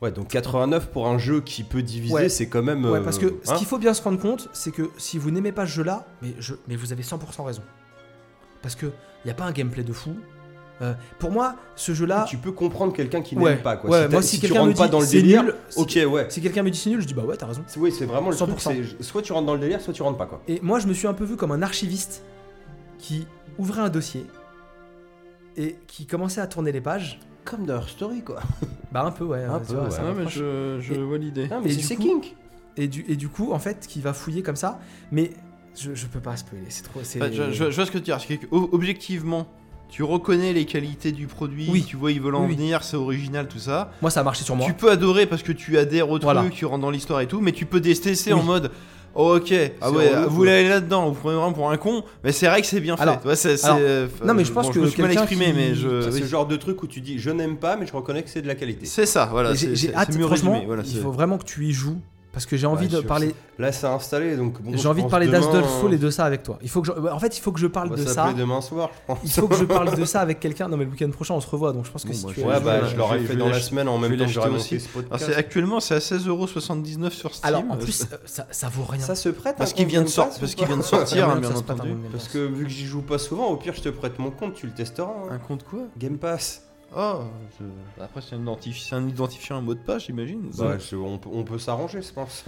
Speaker 1: Ouais, donc 89 pour un jeu qui peut diviser,
Speaker 2: Ouais.
Speaker 1: c'est quand même.
Speaker 2: Ouais,
Speaker 1: euh,
Speaker 2: parce que ce
Speaker 1: hein.
Speaker 2: qu'il faut bien se rendre compte, c'est que si vous n'aimez pas ce jeu-là, mais, je, mais vous avez 100% raison, parce que il y a pas un gameplay de fou. Euh, pour moi, ce jeu-là,
Speaker 1: tu peux comprendre quelqu'un qui
Speaker 2: Ouais.
Speaker 1: n'aime pas quoi.
Speaker 2: Ouais,
Speaker 1: t'as-
Speaker 2: moi, si
Speaker 1: tu
Speaker 2: quelqu'un
Speaker 1: rentres
Speaker 2: me
Speaker 1: pas
Speaker 2: dit,
Speaker 1: dans le
Speaker 2: c'est
Speaker 1: délire,
Speaker 2: nul, c'est-
Speaker 1: ok, ouais.
Speaker 2: si quelqu'un me dit c'est nul, je dis bah ouais, t'as raison.
Speaker 1: C'est- Oui, c'est vraiment le truc.
Speaker 2: 100%.
Speaker 1: c'est- Soit tu rentres dans le délire, soit tu rentres pas quoi.
Speaker 2: Et moi, je me suis un peu vu comme un archiviste qui ouvrait un dossier et qui commençait à tourner les pages.
Speaker 1: Comme dans Her Story quoi.
Speaker 2: Bah un peu, ouais.
Speaker 1: Un
Speaker 2: tu
Speaker 1: peu,
Speaker 2: vois,
Speaker 1: ouais.
Speaker 2: ça
Speaker 3: Ah, non, mais
Speaker 2: rapproche.
Speaker 3: je, je
Speaker 2: Et-
Speaker 3: vois l'idée.
Speaker 1: Non, mais
Speaker 2: Et
Speaker 1: c'est
Speaker 2: du
Speaker 1: c'est
Speaker 2: coup-
Speaker 1: Kink.
Speaker 2: et, du, et du coup, en fait, qui va fouiller comme ça. Mais je, je peux pas spoiler, c'est trop... c'est-
Speaker 3: Enfin, Bah, je, je- je vois ce que tu veux dire. c'est que, o- objectivement, tu reconnais les qualités du produit,
Speaker 2: Oui.
Speaker 3: tu vois, ils veulent en
Speaker 2: Oui, oui.
Speaker 3: venir, c'est original, tout ça.
Speaker 2: Moi, ça a marché sur moi.
Speaker 3: Tu peux adorer parce que tu adhères au truc,
Speaker 2: Voilà.
Speaker 3: tu rentres dans l'histoire et tout, mais tu peux détester
Speaker 2: Oui.
Speaker 3: en mode. oh, ok, ah ouais,
Speaker 1: relou,
Speaker 3: vous
Speaker 1: quoi.
Speaker 3: l'allez là-dedans, vous prenez vraiment pour un con, mais c'est vrai que c'est bien
Speaker 2: Alors-
Speaker 3: fait. Ouais, c'est- c'est-
Speaker 2: alors,
Speaker 3: euh,
Speaker 2: non, mais je pense
Speaker 3: bon,
Speaker 2: que
Speaker 3: me suis mal
Speaker 2: quelqu'un
Speaker 3: exprimé,
Speaker 2: qui-
Speaker 3: mais je.
Speaker 1: C'est
Speaker 3: oui.
Speaker 1: ce genre de truc où tu dis je n'aime pas, mais je reconnais que c'est de la qualité.
Speaker 3: C'est ça,
Speaker 2: Et
Speaker 3: voilà.
Speaker 2: j'ai-
Speaker 3: c'est-
Speaker 2: J'ai
Speaker 3: c'est-
Speaker 2: hâte,
Speaker 3: c'est mieux
Speaker 2: franchement,
Speaker 3: résumé, voilà,
Speaker 2: il
Speaker 3: c'est-
Speaker 2: faut vraiment que tu y joues. Parce que j'ai envie
Speaker 1: Ouais,
Speaker 2: de
Speaker 1: Bah, je-
Speaker 2: parler,
Speaker 1: Là, c'est installé donc. bon,
Speaker 2: j'ai
Speaker 1: je
Speaker 2: envie de
Speaker 1: pense
Speaker 2: parler
Speaker 1: demain,
Speaker 2: d'Asdolfo
Speaker 1: euh,
Speaker 2: et de ça avec toi. Il faut que, je- en fait, il faut que je
Speaker 1: on
Speaker 2: parle
Speaker 1: va
Speaker 2: de ça.
Speaker 1: s'appeler demain soir, je pense.
Speaker 2: Il faut que je parle de ça avec quelqu'un. Non, mais le week-end prochain, on se revoit. Donc je pense que
Speaker 3: Bon,
Speaker 2: si
Speaker 3: bah,
Speaker 2: tu euh,
Speaker 3: je-
Speaker 2: as-
Speaker 1: Ouais, bah
Speaker 3: vais-
Speaker 1: je l'aurais
Speaker 3: je vais
Speaker 1: fait dans la
Speaker 3: l'acheter-
Speaker 1: semaine en
Speaker 3: je
Speaker 1: même
Speaker 3: vais
Speaker 1: temps que j'aurais
Speaker 3: l'acheter
Speaker 1: monté
Speaker 3: aussi.
Speaker 1: ce
Speaker 3: Alors,
Speaker 1: podcast.
Speaker 3: c'est- actuellement, c'est à 16,79€ sur Steam.
Speaker 2: Alors en plus, euh, ça, ça vaut rien.
Speaker 1: Ça se prête
Speaker 3: Parce
Speaker 1: hein,
Speaker 3: qu'il
Speaker 1: qu'on
Speaker 3: vient de
Speaker 1: se
Speaker 3: sor-
Speaker 1: passe,
Speaker 3: parce
Speaker 1: ou
Speaker 3: qu'il
Speaker 1: pas
Speaker 3: vient de sortir,
Speaker 2: Ah,
Speaker 3: hein,
Speaker 2: mais
Speaker 3: bien
Speaker 2: ça se passe
Speaker 3: entendu.
Speaker 2: un moment,
Speaker 1: Parce
Speaker 2: mais
Speaker 1: que vu que j'y joue pas souvent, au pire je te prête mon compte, tu le testeras. hein.
Speaker 3: Un compte quoi
Speaker 1: Game Pass.
Speaker 3: Oh, je- après c'est un, identifi- c'est un identifiant, un mot de passe, j'imagine.
Speaker 1: Bah, je- on, peut- on peut s'arranger, je pense.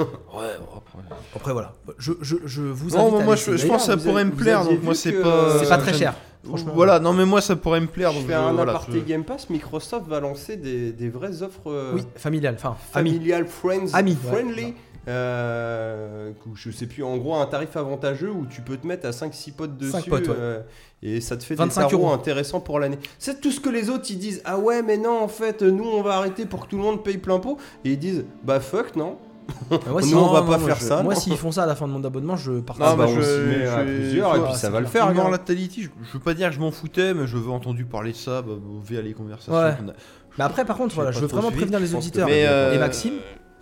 Speaker 2: Après voilà, je, je, je vous
Speaker 3: Non,
Speaker 2: invite
Speaker 3: bah,
Speaker 2: à
Speaker 3: moi
Speaker 2: laisser
Speaker 3: je, je
Speaker 2: une
Speaker 3: pense que ça
Speaker 1: Vous
Speaker 3: pourrait me
Speaker 1: avez- vous
Speaker 3: plaire,
Speaker 1: aviez
Speaker 3: donc moi
Speaker 1: vu
Speaker 3: c'est
Speaker 1: que-
Speaker 3: pas.
Speaker 2: idée. C'est pas
Speaker 3: euh,
Speaker 2: très cher.
Speaker 3: Franchement,
Speaker 2: franchement.
Speaker 3: voilà, non mais moi ça pourrait me plaire.
Speaker 1: je
Speaker 3: donc
Speaker 1: fais un
Speaker 3: voilà,
Speaker 1: aparté
Speaker 3: je-
Speaker 1: Game Pass, Microsoft va lancer des, des vraies offres euh,
Speaker 2: Oui, familial, enfin ami.
Speaker 1: familiales, friends,
Speaker 2: Amis.
Speaker 1: friendly.
Speaker 2: Ouais.
Speaker 1: euh, où je sais plus, en gros, un tarif avantageux où tu peux te mettre à 5-6 potes dessus
Speaker 2: Cinq potes, ouais.
Speaker 1: euh, et ça te fait
Speaker 2: 25
Speaker 1: des tarots
Speaker 2: euros.
Speaker 1: intéressants pour l'année. C'est tout ce que les autres ils disent Ah ouais, mais non, en fait, nous on va arrêter pour que tout le monde paye plein pot. Et ils disent Bah fuck, non,
Speaker 2: Mais moi, si-
Speaker 1: Nous, on va
Speaker 2: non,
Speaker 1: pas
Speaker 2: non,
Speaker 1: faire
Speaker 2: je-
Speaker 1: ça,
Speaker 2: Moi,
Speaker 1: non.
Speaker 2: s'ils font ça à la fin de mon abonnement, je
Speaker 1: Ah
Speaker 2: partage.
Speaker 3: Non,
Speaker 1: bah,
Speaker 3: mais
Speaker 1: on
Speaker 3: je-
Speaker 1: s'y met à
Speaker 3: je-
Speaker 1: plusieurs et
Speaker 3: je-
Speaker 1: puis ça
Speaker 2: c'est
Speaker 1: va le faire.
Speaker 3: Faire
Speaker 1: gars.
Speaker 3: la Tality, je, je veux pas dire que je m'en foutais, mais je veux entendu parler de ça, bah, vous verrez les conversations.
Speaker 2: Ouais.
Speaker 3: qu'on a.
Speaker 2: Mais après, par contre,
Speaker 3: J'ai
Speaker 2: voilà,
Speaker 3: pas
Speaker 2: je veux
Speaker 3: trop
Speaker 2: vraiment
Speaker 3: suivi,
Speaker 2: prévenir les
Speaker 1: pense que-
Speaker 2: auditeurs
Speaker 1: Mais,
Speaker 2: et
Speaker 1: euh,
Speaker 2: Maxime.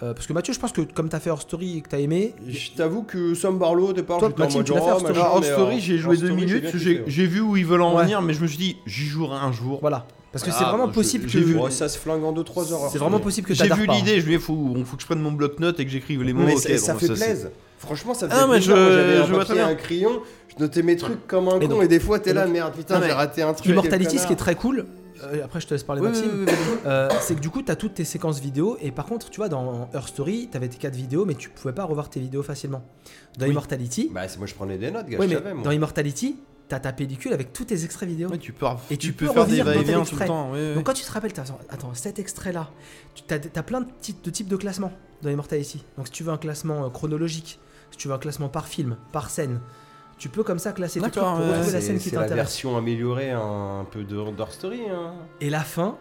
Speaker 2: euh, parce que Mathieu, je pense que comme t'as fait hors story et que t'as aimé,
Speaker 1: Je t'avoue que Sam Barlow, au départ,
Speaker 2: Toi,
Speaker 1: j'étais en
Speaker 2: Maxime,
Speaker 1: mode
Speaker 2: tu l'as fait,
Speaker 1: oh,
Speaker 2: Hors Story.
Speaker 1: machin,
Speaker 3: Alors, en
Speaker 1: mais,
Speaker 3: story,
Speaker 1: euh,
Speaker 3: j'ai
Speaker 1: Hors
Speaker 3: joué deux
Speaker 1: Story, j'ai
Speaker 3: minutes,
Speaker 1: bien
Speaker 3: j'ai
Speaker 1: kiffé,
Speaker 3: j'ai vu où ils veulent en
Speaker 2: Ouais.
Speaker 3: venir, mais je me suis dit, j'y jouerai un jour.
Speaker 2: voilà. Parce que
Speaker 3: Ah,
Speaker 2: c'est vraiment
Speaker 3: bah, je-
Speaker 2: possible
Speaker 1: ouais.
Speaker 3: j'ai
Speaker 2: que.
Speaker 3: vu-
Speaker 1: Ouais, ça se flingue en 2-3 heures.
Speaker 2: C'est vraiment possible que
Speaker 3: J'ai
Speaker 2: t'adhères
Speaker 3: vu
Speaker 2: pas, hein.
Speaker 3: l'idée, je lui ai dit, faut, faut que je prenne mon bloc-notes et que j'écrive les mots.
Speaker 1: mais
Speaker 3: ok,
Speaker 1: ça- ça
Speaker 3: bon,
Speaker 1: fait
Speaker 3: c'est-
Speaker 1: plaisir. Franchement, ça
Speaker 3: Ah,
Speaker 1: faisait
Speaker 3: mais je-
Speaker 1: plaisir. Moi, j'avais un
Speaker 3: je vois très
Speaker 1: papier,
Speaker 3: bien.
Speaker 1: un crayon, je notais mes trucs comme un
Speaker 2: Et
Speaker 1: con.
Speaker 2: donc-
Speaker 1: et des fois,
Speaker 2: et
Speaker 1: t'es là,
Speaker 2: donc-
Speaker 1: merde, putain,
Speaker 3: Non, mais
Speaker 1: j'ai raté un truc.
Speaker 2: Immortality,
Speaker 1: quel
Speaker 2: ce qui est
Speaker 1: connard.
Speaker 2: très cool, euh, après je te laisse parler
Speaker 3: Oui, oui,
Speaker 2: Maxime,
Speaker 3: oui, oui, oui.
Speaker 2: euh, c'est que du coup t'as toutes tes séquences vidéo et par contre tu vois dans Her Story t'avais tes 4 vidéos mais tu pouvais pas revoir tes vidéos facilement. Dans Immortality,
Speaker 1: Bah, c'est- moi, je prenais des notes, gars.
Speaker 2: ouais,
Speaker 1: je
Speaker 2: mais
Speaker 1: savais, moi.
Speaker 2: dans Immortality t'as ta pellicule avec tous tes extraits vidéo.
Speaker 3: Ouais, tu peux,
Speaker 2: Et tu peux
Speaker 3: faire des
Speaker 2: revenir dans tes
Speaker 3: va-et-vient tout
Speaker 2: extraits.
Speaker 3: le temps. ouais, ouais.
Speaker 2: Donc quand tu te rappelles, t'as- attends, cet extrait-là, tu as, plein de, types de types de classements dans Immortality. Donc si tu veux un classement euh, chronologique, si tu veux un classement par film, par scène, tu peux comme ça classer tout trucs
Speaker 3: D'accord,
Speaker 2: pour
Speaker 3: ouais,
Speaker 2: trouver la
Speaker 1: C'est-
Speaker 2: scène qui
Speaker 1: C'est la
Speaker 2: t'intéresse.
Speaker 1: version améliorée un peu de Hors Story. hein.
Speaker 2: Et la fin,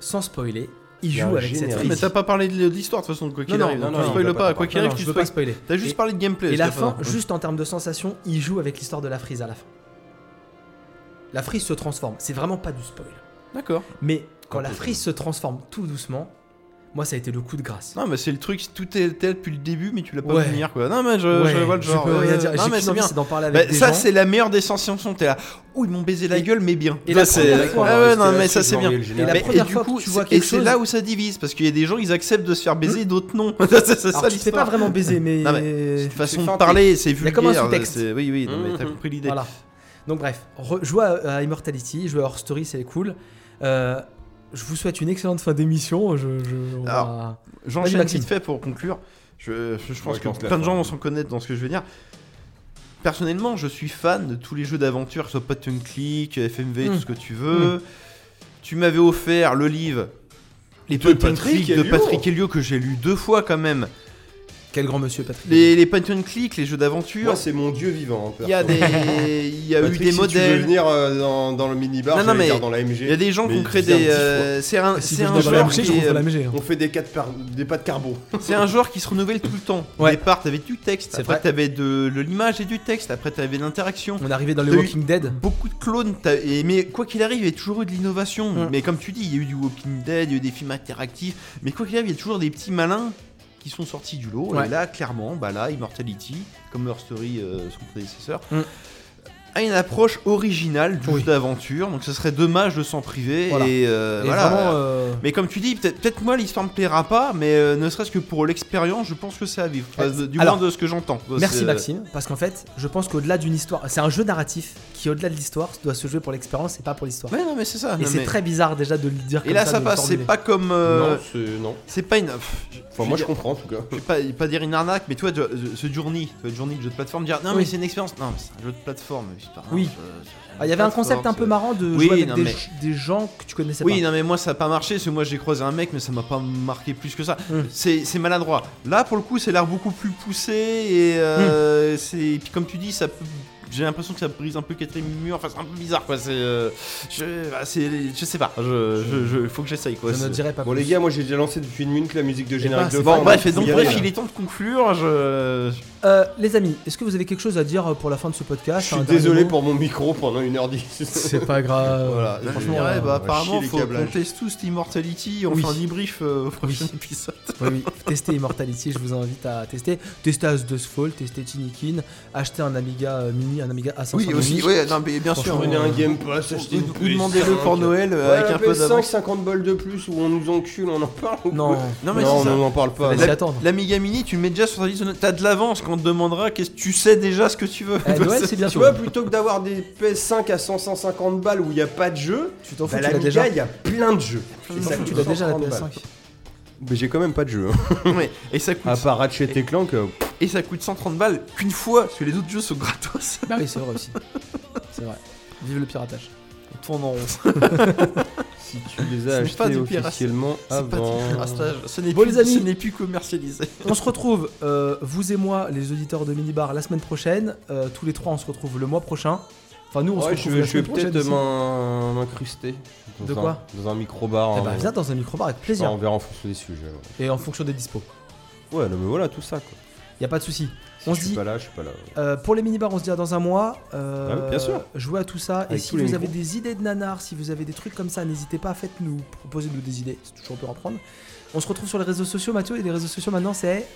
Speaker 2: sans spoiler, il
Speaker 1: Il y a
Speaker 2: joue
Speaker 1: un
Speaker 2: avec cette
Speaker 1: générique.
Speaker 3: Mais
Speaker 2: réussite.
Speaker 3: t'as pas parlé de l'histoire de toute façon, quoi qu'il
Speaker 2: non,
Speaker 3: arrive.
Speaker 1: non,
Speaker 3: donc
Speaker 1: non,
Speaker 3: tu
Speaker 1: il
Speaker 3: spoiles
Speaker 1: va
Speaker 3: pas,
Speaker 1: pas
Speaker 3: quoi qu'il
Speaker 2: Non,
Speaker 3: arrive,
Speaker 2: non,
Speaker 3: tu
Speaker 2: je veux
Speaker 3: spoil-
Speaker 2: pas spoiler.
Speaker 3: T'as juste
Speaker 2: Et-
Speaker 3: parlé de gameplay.
Speaker 2: Et la
Speaker 3: Stéphane.
Speaker 2: fin, juste en termes de sensation, il joue avec l'histoire de la frise à la fin. La frise se transforme, c'est vraiment pas du spoil.
Speaker 3: D'accord.
Speaker 2: Mais quand la frise se transforme tout doucement, moi ça a été le coup de grâce.
Speaker 3: Non, mais c'est le truc, tout est tel depuis le début, mais tu l'as pas
Speaker 2: Ouais.
Speaker 3: vu venir, quoi. Non, mais je,
Speaker 2: Ouais,
Speaker 3: je vois le genre.
Speaker 2: Je peux
Speaker 3: ouais,
Speaker 2: rien
Speaker 3: ouais.
Speaker 2: dire.
Speaker 3: Non,
Speaker 2: J'ai
Speaker 3: mais
Speaker 2: qu'une
Speaker 3: c'est
Speaker 2: envie,
Speaker 3: bien.
Speaker 2: c'est d'en parler
Speaker 3: Bah,
Speaker 2: avec des
Speaker 3: ça,
Speaker 2: gens.
Speaker 3: c'est la meilleure des sensations. T'es là, ouh, ils m'ont baisé la
Speaker 2: Et-
Speaker 3: gueule, mais bien.
Speaker 2: et
Speaker 3: Ça,
Speaker 2: la
Speaker 3: c'est-
Speaker 2: première fois-
Speaker 3: Ah ouais, non,
Speaker 1: C'était
Speaker 3: mais ça,
Speaker 1: assez
Speaker 3: c'est bien.
Speaker 1: janvier, le
Speaker 2: Et
Speaker 1: générique.
Speaker 2: la
Speaker 3: Mais-
Speaker 2: première
Speaker 3: du
Speaker 2: fois
Speaker 3: coup,
Speaker 2: que tu vois
Speaker 3: c'est-
Speaker 2: quelque
Speaker 3: et c'est
Speaker 2: chose-
Speaker 3: là où ça divise, parce qu'il y a des gens, ils acceptent de se faire baiser, d'autres non. c'est c'est ça
Speaker 2: Alors, tu te fais pas
Speaker 3: l'histoire.
Speaker 2: vraiment baiser, mais.
Speaker 3: Non, C'est une façon de
Speaker 1: feinter.
Speaker 3: parler, c'est
Speaker 2: y a
Speaker 3: vulgaire.
Speaker 2: comme un sous-texte.
Speaker 3: c'est- Oui, oui, non, mais t'as
Speaker 1: Mhm.
Speaker 3: compris l'idée.
Speaker 2: Voilà. Donc, bref, re- jouer à, à Immortality, jouer à Horror Story, c'est cool. Euh, je vous souhaite une excellente fin d'émission. Je, je, on va-
Speaker 3: J'enchaîne
Speaker 2: Vas-y, Maxime.
Speaker 3: vite fait pour conclure. Je, je- je pense
Speaker 1: Ouais,
Speaker 3: que
Speaker 1: pense la
Speaker 3: plein de
Speaker 1: fin.
Speaker 3: gens vont s'en connaître dans ce que je vais dire. Personnellement, je suis fan de tous les jeux d'aventure, que ce soit Pat and Click, FMV,
Speaker 2: Mm.
Speaker 3: tout ce que tu veux. Tu m'avais offert le livre Les
Speaker 1: De
Speaker 3: Pat and
Speaker 1: Patrick
Speaker 3: Click de
Speaker 1: Helio.
Speaker 3: Patrick Helio que j'ai lu deux fois quand même.
Speaker 2: Quel grand monsieur, Patrick.
Speaker 3: Les, les Pat and Click, les jeux d'aventure,
Speaker 1: Moi, c'est mon dieu vivant. hein,
Speaker 3: il y a
Speaker 1: perso.
Speaker 3: des, il y a eu
Speaker 1: Patrick,
Speaker 3: des
Speaker 1: si Tu veux
Speaker 3: modèles.
Speaker 1: venir euh, dans, dans le minibar,
Speaker 3: Non, non,
Speaker 1: j'allais
Speaker 3: mais
Speaker 1: dire dans la MG.
Speaker 3: Il y a des gens
Speaker 1: Mais
Speaker 3: qui ont créé
Speaker 1: viens
Speaker 3: des.
Speaker 1: dix
Speaker 3: euh, C'est un,
Speaker 2: Si
Speaker 3: c'est
Speaker 2: vous
Speaker 3: un
Speaker 2: venez dans la
Speaker 3: genre
Speaker 2: MG, je
Speaker 3: qui est, euh,
Speaker 2: trouve la MG, hein.
Speaker 1: On fait des, quatre par- des pas de carbo.
Speaker 3: C'est un genre qui se renouvelle tout le temps.
Speaker 2: Ouais.
Speaker 3: Au départ, t'avais du texte,
Speaker 2: C'est
Speaker 3: après
Speaker 2: vrai.
Speaker 3: t'avais de, de l'image et du texte, après t'avais de l'interaction.
Speaker 2: On est arrivé dans les
Speaker 3: T'as eu-
Speaker 2: Walking Dead.
Speaker 3: Beaucoup de clones, t'as- et- mais quoi qu'il arrive, il y a toujours eu de l'innovation.
Speaker 2: Mm.
Speaker 3: Mais comme tu dis, il y a eu du Walking Dead, il y a eu des films interactifs, mais quoi qu'il arrive, il y a toujours des petits malins qui sont sortis du lot.
Speaker 2: Ouais.
Speaker 3: Et là, clairement, bah là, Immortality, comme Her Story, euh, son prédécesseur,
Speaker 2: Mm.
Speaker 3: a une approche originale du
Speaker 2: Oui.
Speaker 3: jeu d'aventure, donc ce serait dommage de s'en priver.
Speaker 2: Voilà.
Speaker 3: Et, euh,
Speaker 2: Et
Speaker 3: voilà.
Speaker 2: vraiment, euh,
Speaker 3: Mais comme tu dis, peut-être peut-être moi l'histoire me plaira pas, mais euh, ne serait-ce que pour l'expérience, je pense que c'est à vivre. Enfin, du
Speaker 2: Alors,
Speaker 3: moins de ce que euh, j'entends.
Speaker 2: Merci
Speaker 3: C'est-
Speaker 2: Maxime, parce qu'en fait, je pense qu'au-delà d'une histoire, c'est un jeu narratif qui, au-delà de l'histoire, doit se jouer pour l'expérience et pas pour l'histoire.
Speaker 3: Ouais, non, mais c'est ça.
Speaker 2: Et
Speaker 3: non,
Speaker 2: c'est
Speaker 3: mais-
Speaker 2: très bizarre déjà de le dire
Speaker 3: Et
Speaker 2: comme
Speaker 3: là,
Speaker 2: ça,
Speaker 3: ça,
Speaker 2: de le
Speaker 3: passe. C'est
Speaker 2: formuler.
Speaker 3: pas comme. euh,
Speaker 1: Non, c'est. Non.
Speaker 3: c'est pas une. pff,
Speaker 1: Enfin, moi, je comprends en tout cas.
Speaker 3: Je vais pas, pas dire une arnaque, mais toi, euh, ce journey, tu vois, le journey de jeu de plateforme, dire non,
Speaker 2: Oui.
Speaker 3: mais c'est une expérience. Non, mais c'est un jeu de plateforme. hein, c'est pas-
Speaker 2: Oui.
Speaker 3: non, c'est- c'est
Speaker 2: Ah, Il y avait un
Speaker 3: plateforme,
Speaker 2: concept un peu
Speaker 3: c'est-
Speaker 2: marrant de
Speaker 3: Oui,
Speaker 2: jouer avec
Speaker 3: non,
Speaker 2: des,
Speaker 3: mais-
Speaker 2: des gens que tu connaissais
Speaker 3: Oui,
Speaker 2: pas.
Speaker 3: non, mais moi ça a pas marché, parce que moi j'ai croisé un mec, mais ça m'a pas marqué plus que ça.
Speaker 2: Mm.
Speaker 3: C'est c'est maladroit. Là, pour le coup, c'est l'air beaucoup plus poussé, et, euh, c'est- et puis comme tu dis, ça peut- J'ai l'impression que ça brise un peu le quatrième mur, enfin c'est un peu bizarre quoi, c'est... euh, je, bah, c'est- je sais pas, je, je- je- faut que j'essaye quoi.
Speaker 2: je ne
Speaker 3: c'est-
Speaker 2: dirais pas
Speaker 1: Bon,
Speaker 2: plus.
Speaker 1: les gars, moi, j'ai déjà lancé depuis une minute la musique de générique
Speaker 2: ben,
Speaker 1: de
Speaker 2: c'est pas
Speaker 1: fin.
Speaker 3: Bon bref, et
Speaker 1: Faut
Speaker 3: donc
Speaker 1: y
Speaker 3: bref,
Speaker 1: aller,
Speaker 3: il
Speaker 1: là.
Speaker 3: est temps de conclure, je...
Speaker 2: Euh, les amis, est-ce que vous avez quelque chose à dire pour la fin de ce podcast
Speaker 1: Je
Speaker 2: un
Speaker 1: suis
Speaker 2: dernier
Speaker 1: désolé
Speaker 2: mot
Speaker 1: pour mon micro pendant 1h10.
Speaker 2: C'est pas grave.
Speaker 3: Voilà,
Speaker 1: je
Speaker 3: franchement,
Speaker 2: dirais,
Speaker 3: ouais,
Speaker 2: euh,
Speaker 3: bah,
Speaker 1: on va
Speaker 3: apparemment,
Speaker 1: chier les
Speaker 3: faut qu'on
Speaker 1: câblages.
Speaker 3: teste tous Immortality, on
Speaker 2: Oui.
Speaker 3: fait un débrief euh, au prochain
Speaker 2: Oui.
Speaker 3: épisode.
Speaker 2: Oui, oui. Testez Immortality, je vous invite à tester. Testez As Fall, testez Tinikin, achetez un Amiga euh, mini, un Amiga A500 mini.
Speaker 3: ouais, non, mais bien
Speaker 2: Franchement,
Speaker 1: Prenez un Game Pass, achetez une
Speaker 3: Vous demandez-le
Speaker 1: PS5.
Speaker 3: pour Noël euh,
Speaker 1: Ouais,
Speaker 3: avec
Speaker 1: la
Speaker 3: un peu
Speaker 1: PS5,
Speaker 3: d'avance.
Speaker 1: 50 balles de plus, ou on nous encule, on en parle ou
Speaker 2: Non,
Speaker 1: quoi
Speaker 3: Non, mais
Speaker 1: Non,
Speaker 3: c'est ça.
Speaker 1: on n'en parle pas.
Speaker 2: fallait
Speaker 1: non.
Speaker 2: s'y attendre.
Speaker 3: L'Amiga Mini, tu le mets déjà sur ta liste. de notes. T'as de l'avance quand on te demandera qu'est-ce que tu sais déjà ce que tu veux.
Speaker 2: Eh, Noël, c'est
Speaker 1: Tu
Speaker 2: bientôt.
Speaker 1: vois, plutôt que d'avoir des PS5 à 100, 150 balles où il n'y a pas de jeu,
Speaker 2: Tu t'en fous,
Speaker 1: bah,
Speaker 2: tu l'as déjà.
Speaker 1: l'Amiga, il y a plein de jeux.
Speaker 2: Tu t'en fous, tu l'as déjà la PS5.
Speaker 1: Mais j'ai quand même pas de jeu. hein.
Speaker 3: Ouais, et ça
Speaker 2: Ah,
Speaker 3: coûte,
Speaker 1: À
Speaker 2: bah.
Speaker 1: part Ratchet et Clank, euh,
Speaker 3: et ça coûte 130 balles qu'une fois, parce que les autres jeux sont gratos.
Speaker 2: Bah oui, c'est vrai aussi. C'est vrai. Vive le piratage.
Speaker 3: Tourne en rond.
Speaker 1: si tu les
Speaker 3: Ce
Speaker 1: as
Speaker 3: n'est pas
Speaker 1: achetés
Speaker 3: du piratage.
Speaker 1: officiellement
Speaker 3: C'est pas
Speaker 1: avant.
Speaker 3: du piratage. Ce n'est
Speaker 2: Ah, Bon,
Speaker 3: plus,
Speaker 2: les amis.
Speaker 3: ce n'est plus commercialisé.
Speaker 2: On se retrouve, euh, vous et moi, les auditeurs de Minibar, la semaine prochaine. Euh, tous les trois, on se retrouve le mois prochain. Enfin, nous, on se
Speaker 1: Ouais, je
Speaker 2: retrouve
Speaker 1: vais,
Speaker 2: la
Speaker 1: je vais
Speaker 2: semaine prochaine.
Speaker 1: peut-être
Speaker 2: ici.
Speaker 1: m'in- m'incruster. dans
Speaker 2: De
Speaker 1: un-
Speaker 2: quoi
Speaker 1: Dans un micro-bar.
Speaker 2: Eh
Speaker 1: hein,
Speaker 2: ben,
Speaker 1: mais-
Speaker 2: viens dans un micro-bar avec plaisir.
Speaker 1: Enfin, on verra en fonction des sujets. ouais.
Speaker 2: Et en fonction des dispos.
Speaker 1: Ouais, non, mais voilà, tout ça, quoi.
Speaker 2: Il n'y a pas de souci.
Speaker 1: Si
Speaker 2: On
Speaker 1: je
Speaker 2: se
Speaker 1: suis
Speaker 2: dit-
Speaker 1: pas là, je suis pas là.
Speaker 2: Euh, pour les minibars, on se dit à dans un mois. Euh,
Speaker 1: Ah oui, bien sûr.
Speaker 2: Jouez à tout ça. et
Speaker 1: Avec
Speaker 2: si
Speaker 1: tous
Speaker 2: vous
Speaker 1: les
Speaker 2: avez
Speaker 1: micros.
Speaker 2: des idées de nanars, si vous avez des trucs comme ça, n'hésitez pas, faites-nous, proposez-nous des idées. C'est toujours peut en prendre. On se retrouve sur les réseaux sociaux, Mathieu. Et les réseaux sociaux maintenant, c'est.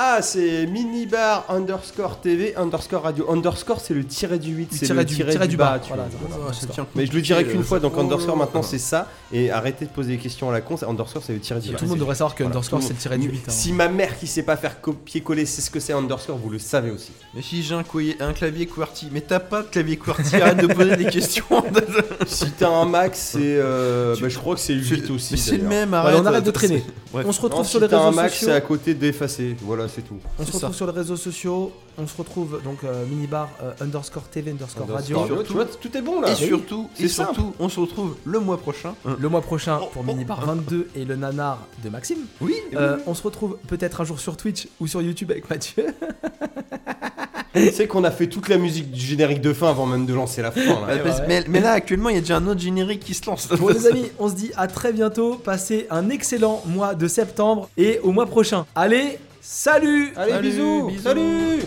Speaker 1: Ah, c'est minibar underscore TV underscore radio. Underscore, c'est le tiré du 8,
Speaker 2: Le
Speaker 1: c'est
Speaker 2: tiré
Speaker 1: le
Speaker 2: du-
Speaker 1: tiré
Speaker 2: tiré
Speaker 1: du
Speaker 2: du
Speaker 1: bas.
Speaker 2: bas,
Speaker 1: tu
Speaker 2: voilà.
Speaker 1: vois.
Speaker 2: Ah, ça tient
Speaker 1: Mais je le dirai qu'une fois, donc
Speaker 3: Oh,
Speaker 1: underscore maintenant
Speaker 3: voilà.
Speaker 1: c'est ça, et arrêtez de poser des questions à la con, c'est- underscore c'est le tiré du
Speaker 2: Tout le monde devrait savoir que
Speaker 1: Voilà,
Speaker 2: Underscore,
Speaker 1: tout le
Speaker 2: c'est le tiré du hein. 8.
Speaker 1: Si ma mère qui sait pas faire copier-coller c'est ce que c'est underscore, vous le savez aussi.
Speaker 3: Mais si j'ai un, coyer- un clavier QWERTY, mais t'as pas de clavier QWERTY, arrête de poser des questions.
Speaker 1: si t'as un Mac, c'est. euh,
Speaker 3: Tu-
Speaker 1: bah, je crois que c'est 8 aussi.
Speaker 3: mais c'est le
Speaker 1: d'ailleurs.
Speaker 3: même,
Speaker 2: Voilà,
Speaker 3: arrête.
Speaker 2: on arrête de traîner.
Speaker 3: Bref.
Speaker 2: On se
Speaker 1: Non,
Speaker 2: retrouve
Speaker 1: si
Speaker 2: sur les
Speaker 1: t'as un
Speaker 2: réseaux
Speaker 1: Mac,
Speaker 2: sociaux.
Speaker 1: c'est à côté d'effacer. Voilà, c'est tout.
Speaker 2: On se
Speaker 3: C'est
Speaker 2: retrouve sur les réseaux sociaux. On se retrouve donc euh, minibar euh, underscore TV underscore radio.
Speaker 1: Underscore, tu vois, tout est bon là.
Speaker 2: Ah,
Speaker 3: Et surtout,
Speaker 1: c'est
Speaker 3: et surtout, on se retrouve le mois prochain.
Speaker 2: Le mois prochain
Speaker 1: Oh,
Speaker 2: pour Minibar 22 et le nanar de Maxime.
Speaker 1: Eh Oui,
Speaker 2: Euh, on se retrouve peut-être un jour sur Twitch ou sur YouTube avec Mathieu.
Speaker 1: tu sais qu'on a fait toute la musique du générique de fin avant même de lancer la fin. là.
Speaker 3: Euh, parce-
Speaker 2: ouais.
Speaker 3: mais, mais là, actuellement, il y a déjà un autre générique qui se lance.
Speaker 2: Bon les amis, on se dit à très bientôt. Passez un excellent mois de septembre et au mois prochain. Allez, salut
Speaker 1: Allez, bisous. Salut